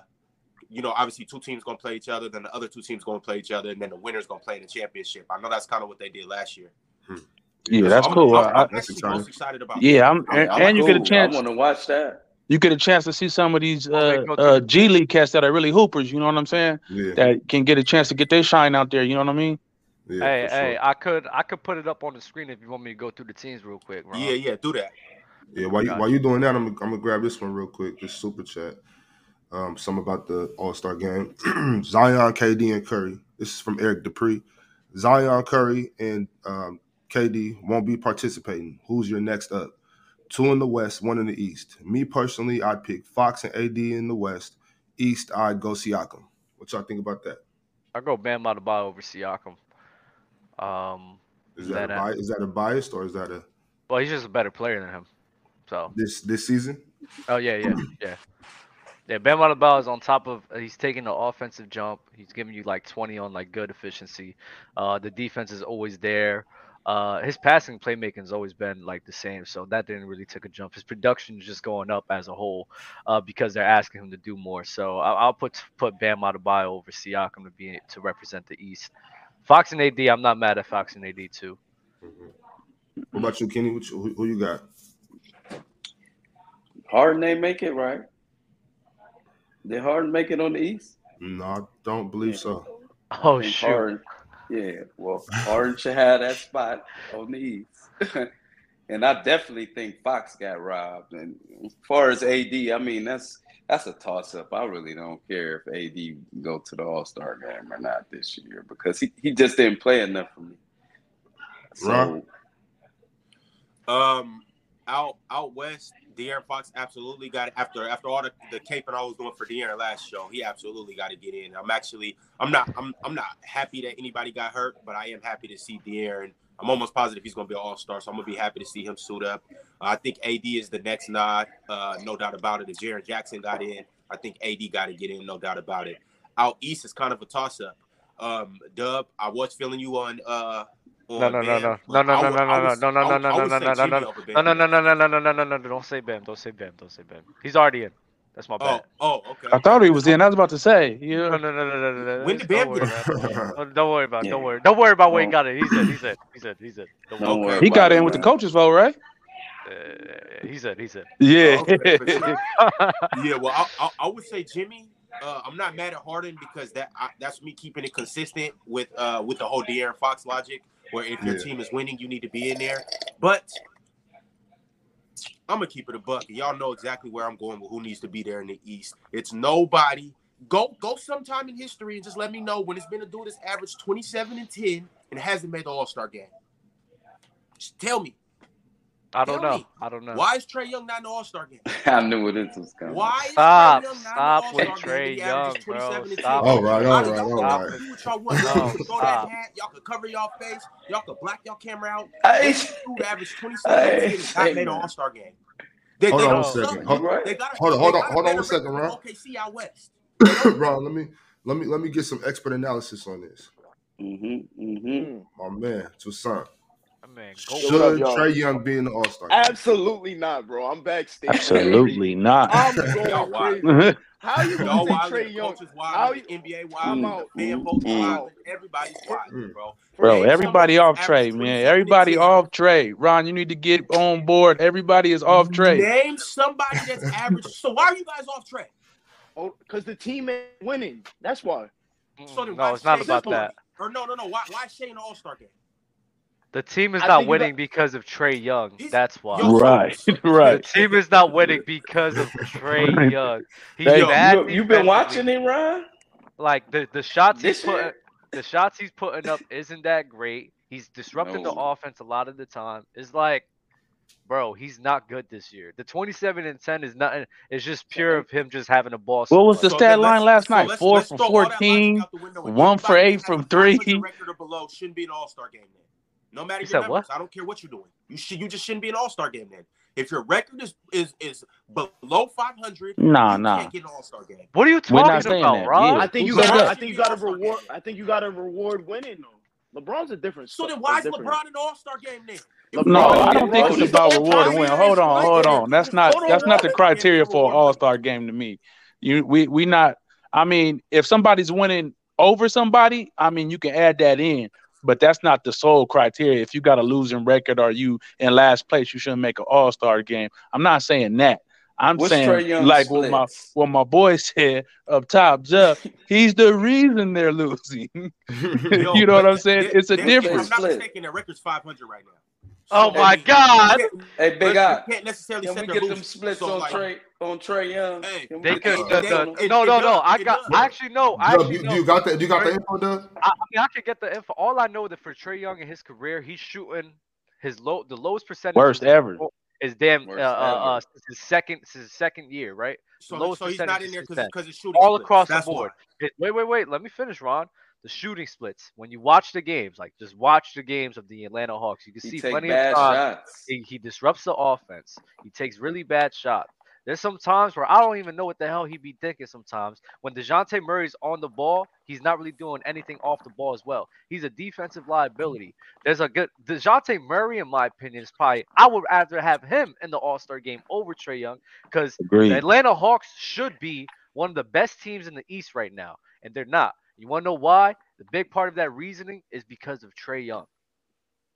[SPEAKER 2] you know, obviously two teams going to play each other, then the other two teams going to play each other, and then the winner's going to play in the championship. I know that's kind of what they did last year.
[SPEAKER 4] yeah,
[SPEAKER 2] So
[SPEAKER 4] that's
[SPEAKER 2] I'm,
[SPEAKER 4] cool.
[SPEAKER 2] I'm,
[SPEAKER 4] I, I,
[SPEAKER 2] I'm actually
[SPEAKER 5] exciting.
[SPEAKER 2] most excited about that.
[SPEAKER 4] yeah, I'm, and,
[SPEAKER 3] I'm
[SPEAKER 4] and you get a
[SPEAKER 3] cool. I
[SPEAKER 4] chance.
[SPEAKER 3] want to watch that.
[SPEAKER 4] You get a chance to see some of these
[SPEAKER 1] Well, they
[SPEAKER 4] uh,
[SPEAKER 1] go to-
[SPEAKER 4] uh, G League cats that are really hoopers. You know what I'm saying?
[SPEAKER 5] Yeah,
[SPEAKER 4] That can get a chance to get their shine out there. You know what I mean?
[SPEAKER 5] yeah,
[SPEAKER 1] Hey,
[SPEAKER 5] for sure.
[SPEAKER 1] hey, I could I could put it up on the screen if you want me to go through the teams real quick, Ron.
[SPEAKER 2] Yeah, yeah, do that.
[SPEAKER 5] Yeah, while you
[SPEAKER 1] Gotcha.
[SPEAKER 5] while you doing that, I'm gonna, I'm gonna grab this one real quick. This super chat. Um, some about the All Star game. Zion, KD, and Curry. This is from Eric Dupree. Zion, Curry, and um, KD won't be participating. Who's your next up? Two in the West, one in the East. Me personally, I'd pick Fox and AD in the West. East, I'd go Siakam. What y'all think about that?
[SPEAKER 1] I go Bam Adebayo over Siakam. Um,
[SPEAKER 5] Is that,
[SPEAKER 1] That,
[SPEAKER 5] a
[SPEAKER 1] uh,
[SPEAKER 5] bi- is that a biased or is that a
[SPEAKER 1] well, he's just a better player than him. So,
[SPEAKER 5] this this season?
[SPEAKER 1] oh yeah, yeah, yeah, yeah. Bam Adebayo is on top of. uh, He's taking the offensive jump. He's giving you like 20 on like good efficiency. Uh, the defense is always there. Uh, his passing playmaking's always been like the same, so that didn't really take a jump. His production's just going up as a whole, uh, because they're asking him to do more. So I- I'll put put Bam Adebayo over Siakam to be to represent the East. Fox and AD, I'm not mad at Fox and AD too.
[SPEAKER 5] What about you, Kenny? What you, who, who you got?
[SPEAKER 3] Harden ain't make it, right? Did Harden make it on the East?
[SPEAKER 5] No, I don't believe so.
[SPEAKER 1] Oh
[SPEAKER 3] think
[SPEAKER 1] shoot.
[SPEAKER 3] Harden- yeah, well, Harden should have that spot on the East. and I definitely think Fox got robbed. And as far as AD, I mean, that's that's a toss up. I really don't care if AD go to the All Star game or not this year because he, he just didn't play enough for me. So
[SPEAKER 5] Ron?
[SPEAKER 2] Um, out out west, De'Aaron Fox absolutely got it. after after all the, the caping I was doing for De'Aaron last show. He absolutely got to get in. I'm actually I'm not I'm I'm not happy that anybody got hurt, but I am happy to see De'Aaron. I'm almost positive he's going to be an All Star, so I'm going to be happy to see him suit up. I think AD is the next nod, uh, no doubt about it. If Jaron Jackson got in, I think AD got to get in, no doubt about it. Out east is kind of a toss up. Um, Dub, I was feeling you on uh.
[SPEAKER 1] no,
[SPEAKER 2] on
[SPEAKER 1] no,
[SPEAKER 2] Bam,
[SPEAKER 1] no,
[SPEAKER 2] but
[SPEAKER 1] no,
[SPEAKER 2] I
[SPEAKER 1] no,
[SPEAKER 2] would-
[SPEAKER 1] no,
[SPEAKER 2] I
[SPEAKER 1] no,
[SPEAKER 2] would-
[SPEAKER 1] no, no,
[SPEAKER 2] I would-
[SPEAKER 1] no,
[SPEAKER 2] I would say
[SPEAKER 1] no, no, no,
[SPEAKER 2] Jimmy
[SPEAKER 1] no,
[SPEAKER 2] over Bam.
[SPEAKER 1] No, no, no, no, no, no, no, no, no, no, no! Don't say Bam. Don't say Bam. Don't say Bam. He's already in. That's my
[SPEAKER 2] Oh,
[SPEAKER 1] bad.
[SPEAKER 2] oh, okay.
[SPEAKER 4] I thought he was in. I was about to say,
[SPEAKER 1] No,
[SPEAKER 4] yeah.
[SPEAKER 1] no, no, no, no, no. no.
[SPEAKER 2] When did
[SPEAKER 1] don't
[SPEAKER 2] Bam
[SPEAKER 1] worry
[SPEAKER 2] get
[SPEAKER 1] about it. Oh, Don't worry about. it, Don't worry. Don't worry about where he got it. He's in. He's in. He's in. He's in. Don't worry.
[SPEAKER 3] don't worry
[SPEAKER 2] Okay.
[SPEAKER 4] He
[SPEAKER 3] about
[SPEAKER 4] got
[SPEAKER 3] it,
[SPEAKER 4] in with the
[SPEAKER 3] man.
[SPEAKER 4] coaches vote, right?
[SPEAKER 1] Uh, He's in. He's in.
[SPEAKER 4] Yeah.
[SPEAKER 2] Oh, okay, for sure. Yeah, well, I, I, I would say Jimmy. Uh, I'm not mad at Harden because that I, that's me keeping it consistent with uh with the whole De'Aaron Fox logic, where if your
[SPEAKER 5] Yeah.
[SPEAKER 2] team is winning, you need to be in there. But I'm gonna keep it a buck. Y'all know exactly where I'm going with who needs to be there in the East. It's nobody. Go go sometime in history and just let me know when it's been a dude that's averaged 27 and 10 and hasn't made the All Star game. Just tell me
[SPEAKER 1] I don't
[SPEAKER 2] Tell
[SPEAKER 1] know.
[SPEAKER 2] me.
[SPEAKER 1] I don't know.
[SPEAKER 2] why is Trey Young not in the All Star game?
[SPEAKER 3] I knew where this was coming.
[SPEAKER 2] Why is Trae
[SPEAKER 1] Stop.
[SPEAKER 2] Young not
[SPEAKER 1] Stop
[SPEAKER 2] an
[SPEAKER 1] with
[SPEAKER 2] all-star man?
[SPEAKER 1] Trae
[SPEAKER 2] He averages
[SPEAKER 1] Young, bro.
[SPEAKER 2] 27 and
[SPEAKER 1] Stop.
[SPEAKER 2] 10.
[SPEAKER 5] All Oh, right, all
[SPEAKER 2] Honestly,
[SPEAKER 5] right, all
[SPEAKER 2] y'all
[SPEAKER 5] right.
[SPEAKER 2] can do what y'all want.
[SPEAKER 1] No,
[SPEAKER 2] Y'all can throw
[SPEAKER 1] stop.
[SPEAKER 2] that hat. Y'all can cover y'all face. Y'all can black y'all camera out.
[SPEAKER 3] Hey,
[SPEAKER 2] This dude averaged 27 and 10 and not made an all-star game. They,
[SPEAKER 5] Hold
[SPEAKER 2] they
[SPEAKER 5] on
[SPEAKER 1] don't
[SPEAKER 5] one
[SPEAKER 2] got
[SPEAKER 1] suck.
[SPEAKER 5] second.
[SPEAKER 2] something.
[SPEAKER 5] Hold-
[SPEAKER 3] right?
[SPEAKER 2] They got
[SPEAKER 5] Hold on, hold on, hold on one second, Ron.
[SPEAKER 2] Okay, see out west.
[SPEAKER 5] Ron, let me let me let me get some expert analysis on this.
[SPEAKER 3] Mm-hmm, mm-hmm.
[SPEAKER 5] My man, Toussaint.
[SPEAKER 1] That Man, go.
[SPEAKER 6] What up,
[SPEAKER 5] Should
[SPEAKER 6] y'all?
[SPEAKER 5] Trey Young be in the All Star?
[SPEAKER 6] Absolutely not, bro. I'm backstage.
[SPEAKER 4] Absolutely not.
[SPEAKER 6] I'm
[SPEAKER 2] Y'all
[SPEAKER 6] going
[SPEAKER 2] wild.
[SPEAKER 6] crazy. How you
[SPEAKER 2] Y'all
[SPEAKER 6] gonna
[SPEAKER 2] wild.
[SPEAKER 6] think Trey
[SPEAKER 2] The
[SPEAKER 6] Young?
[SPEAKER 2] coaches
[SPEAKER 6] How
[SPEAKER 2] wild.
[SPEAKER 6] you-
[SPEAKER 2] The NBA
[SPEAKER 6] I'm
[SPEAKER 2] wild.
[SPEAKER 6] out.
[SPEAKER 2] The fan votes
[SPEAKER 3] Mm.
[SPEAKER 2] wild. Everybody's wild,
[SPEAKER 5] Mm.
[SPEAKER 2] bro.
[SPEAKER 4] Bro,
[SPEAKER 2] Ain't
[SPEAKER 4] everybody
[SPEAKER 2] somebody
[SPEAKER 4] off
[SPEAKER 2] that's
[SPEAKER 4] Trey,
[SPEAKER 2] averaged
[SPEAKER 4] man.
[SPEAKER 2] 27 and
[SPEAKER 4] Everybody
[SPEAKER 2] 10.
[SPEAKER 4] off Trey. Ron, you need to get on board. Everybody is off Trey.
[SPEAKER 2] Name somebody that's average. So why are you guys off track?
[SPEAKER 6] Because oh, the team ain't winning. That's why.
[SPEAKER 2] So then
[SPEAKER 1] Mm, No,
[SPEAKER 2] why
[SPEAKER 1] it's not
[SPEAKER 2] Shea
[SPEAKER 1] about
[SPEAKER 2] Gilgeous-
[SPEAKER 1] that.
[SPEAKER 2] Or no, no, no. Why why Shea in the All Star game?
[SPEAKER 1] The team is
[SPEAKER 6] I
[SPEAKER 1] not
[SPEAKER 6] think you got-
[SPEAKER 1] winning because of Trey Young.
[SPEAKER 2] He's-
[SPEAKER 1] That's why.
[SPEAKER 2] Yo, so-
[SPEAKER 4] Right,
[SPEAKER 2] so-
[SPEAKER 4] right.
[SPEAKER 1] The team is not winning because of Trey
[SPEAKER 4] Right.
[SPEAKER 1] Young. He's
[SPEAKER 4] Hey,
[SPEAKER 1] bad.
[SPEAKER 3] you, you been
[SPEAKER 1] defensively.
[SPEAKER 3] watching it, Ron?
[SPEAKER 1] Like the the shots
[SPEAKER 3] This
[SPEAKER 1] he's putting,
[SPEAKER 3] year?
[SPEAKER 1] the shots he's putting up isn't that great. He's disrupted the
[SPEAKER 3] No.
[SPEAKER 1] offense a lot of the time. It's like, bro, he's not good this year. The twenty-seven and ten is nothing. It's just pure of him just having a ball.
[SPEAKER 4] What was
[SPEAKER 2] So
[SPEAKER 1] somewhere.
[SPEAKER 4] the stat
[SPEAKER 2] then
[SPEAKER 4] line
[SPEAKER 2] let's-
[SPEAKER 4] last
[SPEAKER 2] so
[SPEAKER 4] night?
[SPEAKER 2] let's-
[SPEAKER 4] Four
[SPEAKER 2] let's
[SPEAKER 4] for
[SPEAKER 2] throw all that logic
[SPEAKER 4] 14,
[SPEAKER 2] out the window and
[SPEAKER 4] one for
[SPEAKER 2] everybody
[SPEAKER 4] eight
[SPEAKER 2] that has
[SPEAKER 4] from
[SPEAKER 2] a 500
[SPEAKER 4] three.
[SPEAKER 2] Record or below shouldn't be an All Star game then. No matter
[SPEAKER 1] You
[SPEAKER 2] your
[SPEAKER 1] said
[SPEAKER 2] numbers, I don't care what you're doing. You should you just shouldn't be an All Star game then. If your record is is is below 500,
[SPEAKER 4] Nah,
[SPEAKER 2] you
[SPEAKER 4] nah.
[SPEAKER 2] can't get an All Star game.
[SPEAKER 1] What are you
[SPEAKER 4] We're not
[SPEAKER 1] talking
[SPEAKER 4] saying
[SPEAKER 1] about,
[SPEAKER 4] that.
[SPEAKER 1] Ron?
[SPEAKER 4] Yeah.
[SPEAKER 6] I think
[SPEAKER 4] Who
[SPEAKER 6] you
[SPEAKER 4] said
[SPEAKER 6] got.
[SPEAKER 4] that?
[SPEAKER 6] I think you got to reward. I think you got to reward winning though. LeBron's a different.
[SPEAKER 2] So then
[SPEAKER 6] a
[SPEAKER 2] why is
[SPEAKER 6] different-
[SPEAKER 2] LeBron in the All Star game then? If
[SPEAKER 4] No,
[SPEAKER 6] LeBron-
[SPEAKER 4] I don't think
[SPEAKER 6] LeBron
[SPEAKER 4] it's
[SPEAKER 6] is
[SPEAKER 4] about
[SPEAKER 6] the
[SPEAKER 4] reward and win.
[SPEAKER 6] entire-
[SPEAKER 4] Hold on, hold on. That's not
[SPEAKER 6] Hold on,
[SPEAKER 4] that's not the
[SPEAKER 6] Ron.
[SPEAKER 4] criteria for an All Star game to me. You we we not. I mean, if somebody's winning over somebody, I mean you can add that in, but that's not the sole criteria. If you got a losing record or you in last place, you shouldn't make an All Star game. I'm not saying that. I'm
[SPEAKER 3] What's Trae
[SPEAKER 4] saying
[SPEAKER 3] Young's
[SPEAKER 4] like what my
[SPEAKER 3] splits?
[SPEAKER 4] what my boy said up top, Jeff. He's the reason they're losing.
[SPEAKER 2] Yo,
[SPEAKER 4] you know what
[SPEAKER 2] but
[SPEAKER 4] I'm saying?
[SPEAKER 2] they-
[SPEAKER 4] It's a
[SPEAKER 2] they- if
[SPEAKER 4] difference.
[SPEAKER 2] I'm not
[SPEAKER 3] Split.
[SPEAKER 2] mistaken, their record's 500 right now.
[SPEAKER 1] Oh my God!
[SPEAKER 3] Hey, Big
[SPEAKER 2] But
[SPEAKER 3] Eye,
[SPEAKER 2] you can't necessarily
[SPEAKER 3] can
[SPEAKER 2] set
[SPEAKER 3] we
[SPEAKER 2] the
[SPEAKER 3] get them
[SPEAKER 2] rules.
[SPEAKER 3] splits
[SPEAKER 2] So,
[SPEAKER 3] on
[SPEAKER 2] like,
[SPEAKER 3] Trey on Trey Young?
[SPEAKER 2] Hey,
[SPEAKER 3] Can we
[SPEAKER 1] They
[SPEAKER 3] get
[SPEAKER 1] could.
[SPEAKER 3] them
[SPEAKER 1] the-
[SPEAKER 3] splits
[SPEAKER 1] the-
[SPEAKER 3] on him?
[SPEAKER 2] it-
[SPEAKER 1] no,
[SPEAKER 2] it
[SPEAKER 1] no,
[SPEAKER 2] does-
[SPEAKER 1] no. I
[SPEAKER 2] it
[SPEAKER 1] got.
[SPEAKER 2] does.
[SPEAKER 1] I actually know. I
[SPEAKER 5] Dub,
[SPEAKER 1] actually
[SPEAKER 5] you,
[SPEAKER 1] know.
[SPEAKER 5] you got that? You got the info, Doug?
[SPEAKER 1] I, I mean, I could get the info. All I know that for Trey Young in his career, he's shooting his low, the lowest percentage
[SPEAKER 4] Worst ever.
[SPEAKER 1] is damn uh, uh,
[SPEAKER 3] Worst
[SPEAKER 1] uh,
[SPEAKER 3] ever.
[SPEAKER 1] since his second, since his second year, right?
[SPEAKER 2] So,
[SPEAKER 1] lowest
[SPEAKER 2] so he's not in
[SPEAKER 1] percentages
[SPEAKER 2] there
[SPEAKER 1] is
[SPEAKER 2] because
[SPEAKER 1] that.
[SPEAKER 2] because it's shooting
[SPEAKER 1] All
[SPEAKER 2] splits.
[SPEAKER 1] across the
[SPEAKER 2] That's why.
[SPEAKER 1] board. It- wait, wait, wait. Let me finish, Ron. The shooting splits. When you watch the games, like just watch the games of the Atlanta Hawks, you can
[SPEAKER 3] He
[SPEAKER 1] see
[SPEAKER 3] take
[SPEAKER 1] plenty
[SPEAKER 3] bad
[SPEAKER 1] of times
[SPEAKER 3] shots.
[SPEAKER 1] he, he disrupts the offense. He takes really bad shots. There's some times where I don't even know what the hell he be thinking sometimes. When DeJounte Murray's on the ball, he's not really doing anything off the ball as well. He's a defensive liability. There's a good DeJounte Murray, in my opinion, is probably I would rather have him in the All-Star game over Trey Young because the
[SPEAKER 4] Agreed.
[SPEAKER 1] Atlanta Hawks should be one of the best teams in the East right now, and they're not. You want to know why? The big part of that reasoning is because of Trey Young.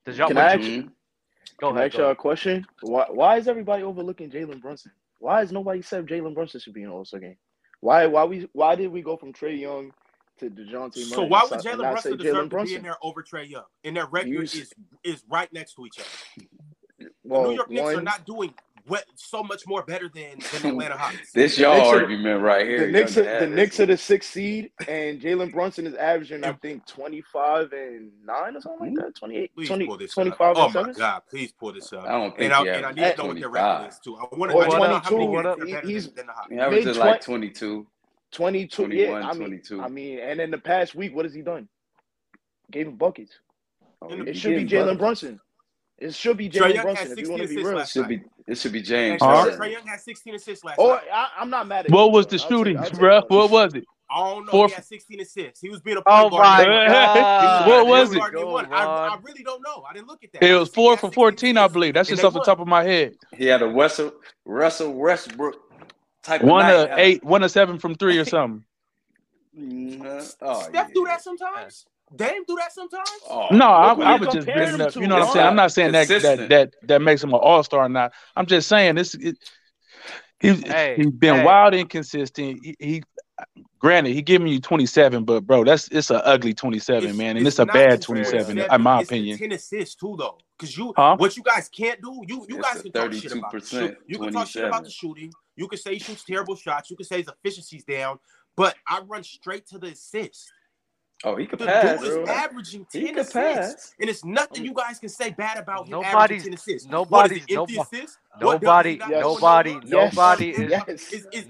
[SPEAKER 1] DeJounte,
[SPEAKER 6] Can I ask-
[SPEAKER 1] go
[SPEAKER 3] Mhm.
[SPEAKER 6] Can
[SPEAKER 1] ahead.
[SPEAKER 6] I ask
[SPEAKER 1] Go ahead.
[SPEAKER 6] y'all a question? Why, why is everybody overlooking Jalen Brunson? Why is nobody said Jalen Brunson should be in an All Star game? Why why we why did we go from Trey Young to Dejounte Murray?
[SPEAKER 2] So why
[SPEAKER 6] and
[SPEAKER 2] would
[SPEAKER 6] so- and
[SPEAKER 2] Jalen
[SPEAKER 6] not
[SPEAKER 2] Brunson
[SPEAKER 6] say
[SPEAKER 2] deserve to be in there over Trey Young? And their record
[SPEAKER 6] You s-
[SPEAKER 2] is is right next to each other. The
[SPEAKER 3] Oh,
[SPEAKER 6] Well,
[SPEAKER 2] New York Knicks are
[SPEAKER 6] one,
[SPEAKER 2] not doing what, so much more better than, than the Atlanta Hawks.
[SPEAKER 3] This y'all
[SPEAKER 6] Knicks are-
[SPEAKER 3] argument right here.
[SPEAKER 6] the Knicks,
[SPEAKER 3] Young
[SPEAKER 6] are, the
[SPEAKER 3] had
[SPEAKER 6] Knicks
[SPEAKER 3] this.
[SPEAKER 6] are the sixth seed, and Jalen Brunson is averaging, I think, 25 and 9 or something like that. 28,
[SPEAKER 2] Please
[SPEAKER 6] 20,
[SPEAKER 2] pull this up.
[SPEAKER 6] 25
[SPEAKER 2] Oh
[SPEAKER 6] and
[SPEAKER 2] my
[SPEAKER 6] 7.
[SPEAKER 2] God! Please pull this up.
[SPEAKER 4] Oh,
[SPEAKER 3] I don't think
[SPEAKER 2] And I,
[SPEAKER 3] he
[SPEAKER 2] and I
[SPEAKER 3] averaged
[SPEAKER 2] need to know what their
[SPEAKER 3] 25.
[SPEAKER 2] record is too. I want to
[SPEAKER 6] Or
[SPEAKER 2] I just wanna know how many
[SPEAKER 1] 22,
[SPEAKER 2] minutes they're
[SPEAKER 6] Oh, he-
[SPEAKER 2] better
[SPEAKER 6] he's-
[SPEAKER 2] than, than the Hawks.
[SPEAKER 3] He averages like
[SPEAKER 6] Mid-twen-
[SPEAKER 3] 22,
[SPEAKER 6] 22.
[SPEAKER 3] 21,
[SPEAKER 6] yeah, I mean,
[SPEAKER 3] 22.
[SPEAKER 6] I mean, and in the past week, what has he done? Gave him buckets.
[SPEAKER 3] Oh,
[SPEAKER 2] It
[SPEAKER 3] he
[SPEAKER 6] It should be
[SPEAKER 3] getting buckets.
[SPEAKER 6] Jalen Brunson. It should be
[SPEAKER 2] Trae
[SPEAKER 6] Jalen
[SPEAKER 2] Young
[SPEAKER 6] Brunson
[SPEAKER 2] had
[SPEAKER 6] if you
[SPEAKER 2] 16
[SPEAKER 6] want to be
[SPEAKER 2] assists
[SPEAKER 6] real.
[SPEAKER 2] last
[SPEAKER 3] Should be it should be James.
[SPEAKER 4] All
[SPEAKER 2] Actually,
[SPEAKER 4] right.
[SPEAKER 3] Harden.
[SPEAKER 2] Trey Young had 16 assists last
[SPEAKER 6] Or
[SPEAKER 2] night.
[SPEAKER 6] Oh, I, I'm not mad at
[SPEAKER 4] What
[SPEAKER 6] you,
[SPEAKER 4] was
[SPEAKER 6] Jalen.
[SPEAKER 4] the
[SPEAKER 6] I'll take-
[SPEAKER 4] shooting,
[SPEAKER 6] I'll take
[SPEAKER 4] bruh?
[SPEAKER 6] Brunson.
[SPEAKER 4] What was it?
[SPEAKER 2] I don't know.
[SPEAKER 4] Fourth-
[SPEAKER 2] He had 16 assists. He was being a
[SPEAKER 1] Oh
[SPEAKER 2] point guard.
[SPEAKER 1] my
[SPEAKER 2] He was-
[SPEAKER 1] god!
[SPEAKER 4] What was it?
[SPEAKER 2] Point guard, they won. I, I really don't know. I didn't look at that.
[SPEAKER 4] It
[SPEAKER 2] I
[SPEAKER 4] was
[SPEAKER 2] just think he
[SPEAKER 4] four
[SPEAKER 2] had
[SPEAKER 4] for
[SPEAKER 2] 16
[SPEAKER 4] fourteen, I
[SPEAKER 2] assists,
[SPEAKER 4] believe. That's
[SPEAKER 2] and
[SPEAKER 4] just
[SPEAKER 2] they
[SPEAKER 4] off the
[SPEAKER 2] won.
[SPEAKER 4] top of my head.
[SPEAKER 3] He had a Russell Russell Westbrook type of
[SPEAKER 4] One
[SPEAKER 3] night.
[SPEAKER 4] of eight, one of seven from three or something.
[SPEAKER 3] Mhm. Oh,
[SPEAKER 2] Steph do
[SPEAKER 3] yeah.
[SPEAKER 2] that sometimes. Dame do that sometimes.
[SPEAKER 3] Oh,
[SPEAKER 4] No, I,
[SPEAKER 6] who
[SPEAKER 4] I
[SPEAKER 6] you
[SPEAKER 4] was just
[SPEAKER 6] comparing
[SPEAKER 4] bringing
[SPEAKER 6] him
[SPEAKER 4] up.
[SPEAKER 6] to,
[SPEAKER 4] You know what I'm
[SPEAKER 6] Ron?
[SPEAKER 4] saying? I'm not saying that that
[SPEAKER 3] Consistent.
[SPEAKER 4] that that makes him an all star or not. I'm just saying this. It, he's
[SPEAKER 1] Hey,
[SPEAKER 4] he's been
[SPEAKER 1] hey.
[SPEAKER 4] wild inconsistent. He, he granted he giving you 27, but bro, that's it's an ugly 27,
[SPEAKER 2] It's-
[SPEAKER 4] man, and it's, a
[SPEAKER 2] not
[SPEAKER 4] bad
[SPEAKER 2] just
[SPEAKER 4] 27
[SPEAKER 2] 27,
[SPEAKER 4] in my
[SPEAKER 2] it's the
[SPEAKER 4] opinion.
[SPEAKER 2] 10 assists too, though, because you
[SPEAKER 4] Huh?
[SPEAKER 2] what you guys can't do. You you
[SPEAKER 3] It's
[SPEAKER 2] guys
[SPEAKER 3] a
[SPEAKER 2] can talk shit about the shoot.
[SPEAKER 3] 32%,
[SPEAKER 2] You can talk shit
[SPEAKER 3] 27.
[SPEAKER 2] about the shooting. You can say he shoots terrible shots. You can say his efficiency's down. But I run straight to the assist.
[SPEAKER 3] oh, he could
[SPEAKER 2] The
[SPEAKER 3] pass.
[SPEAKER 2] dude is
[SPEAKER 3] bro.
[SPEAKER 2] averaging
[SPEAKER 3] He
[SPEAKER 2] 10
[SPEAKER 3] could
[SPEAKER 2] assists,
[SPEAKER 3] pass. Um,
[SPEAKER 2] and it's nothing you guys can say bad about him.
[SPEAKER 1] Nobody's-
[SPEAKER 2] averaging 10 assists. What is
[SPEAKER 1] Nobody's
[SPEAKER 2] it, empty
[SPEAKER 1] nobo-
[SPEAKER 2] assists? What doubles he
[SPEAKER 1] nobody
[SPEAKER 2] got
[SPEAKER 6] Yes.
[SPEAKER 2] going
[SPEAKER 1] nobody
[SPEAKER 2] on?
[SPEAKER 6] Yes.
[SPEAKER 1] nobody is
[SPEAKER 6] yes.
[SPEAKER 2] Is, is, is
[SPEAKER 1] nobody's
[SPEAKER 2] it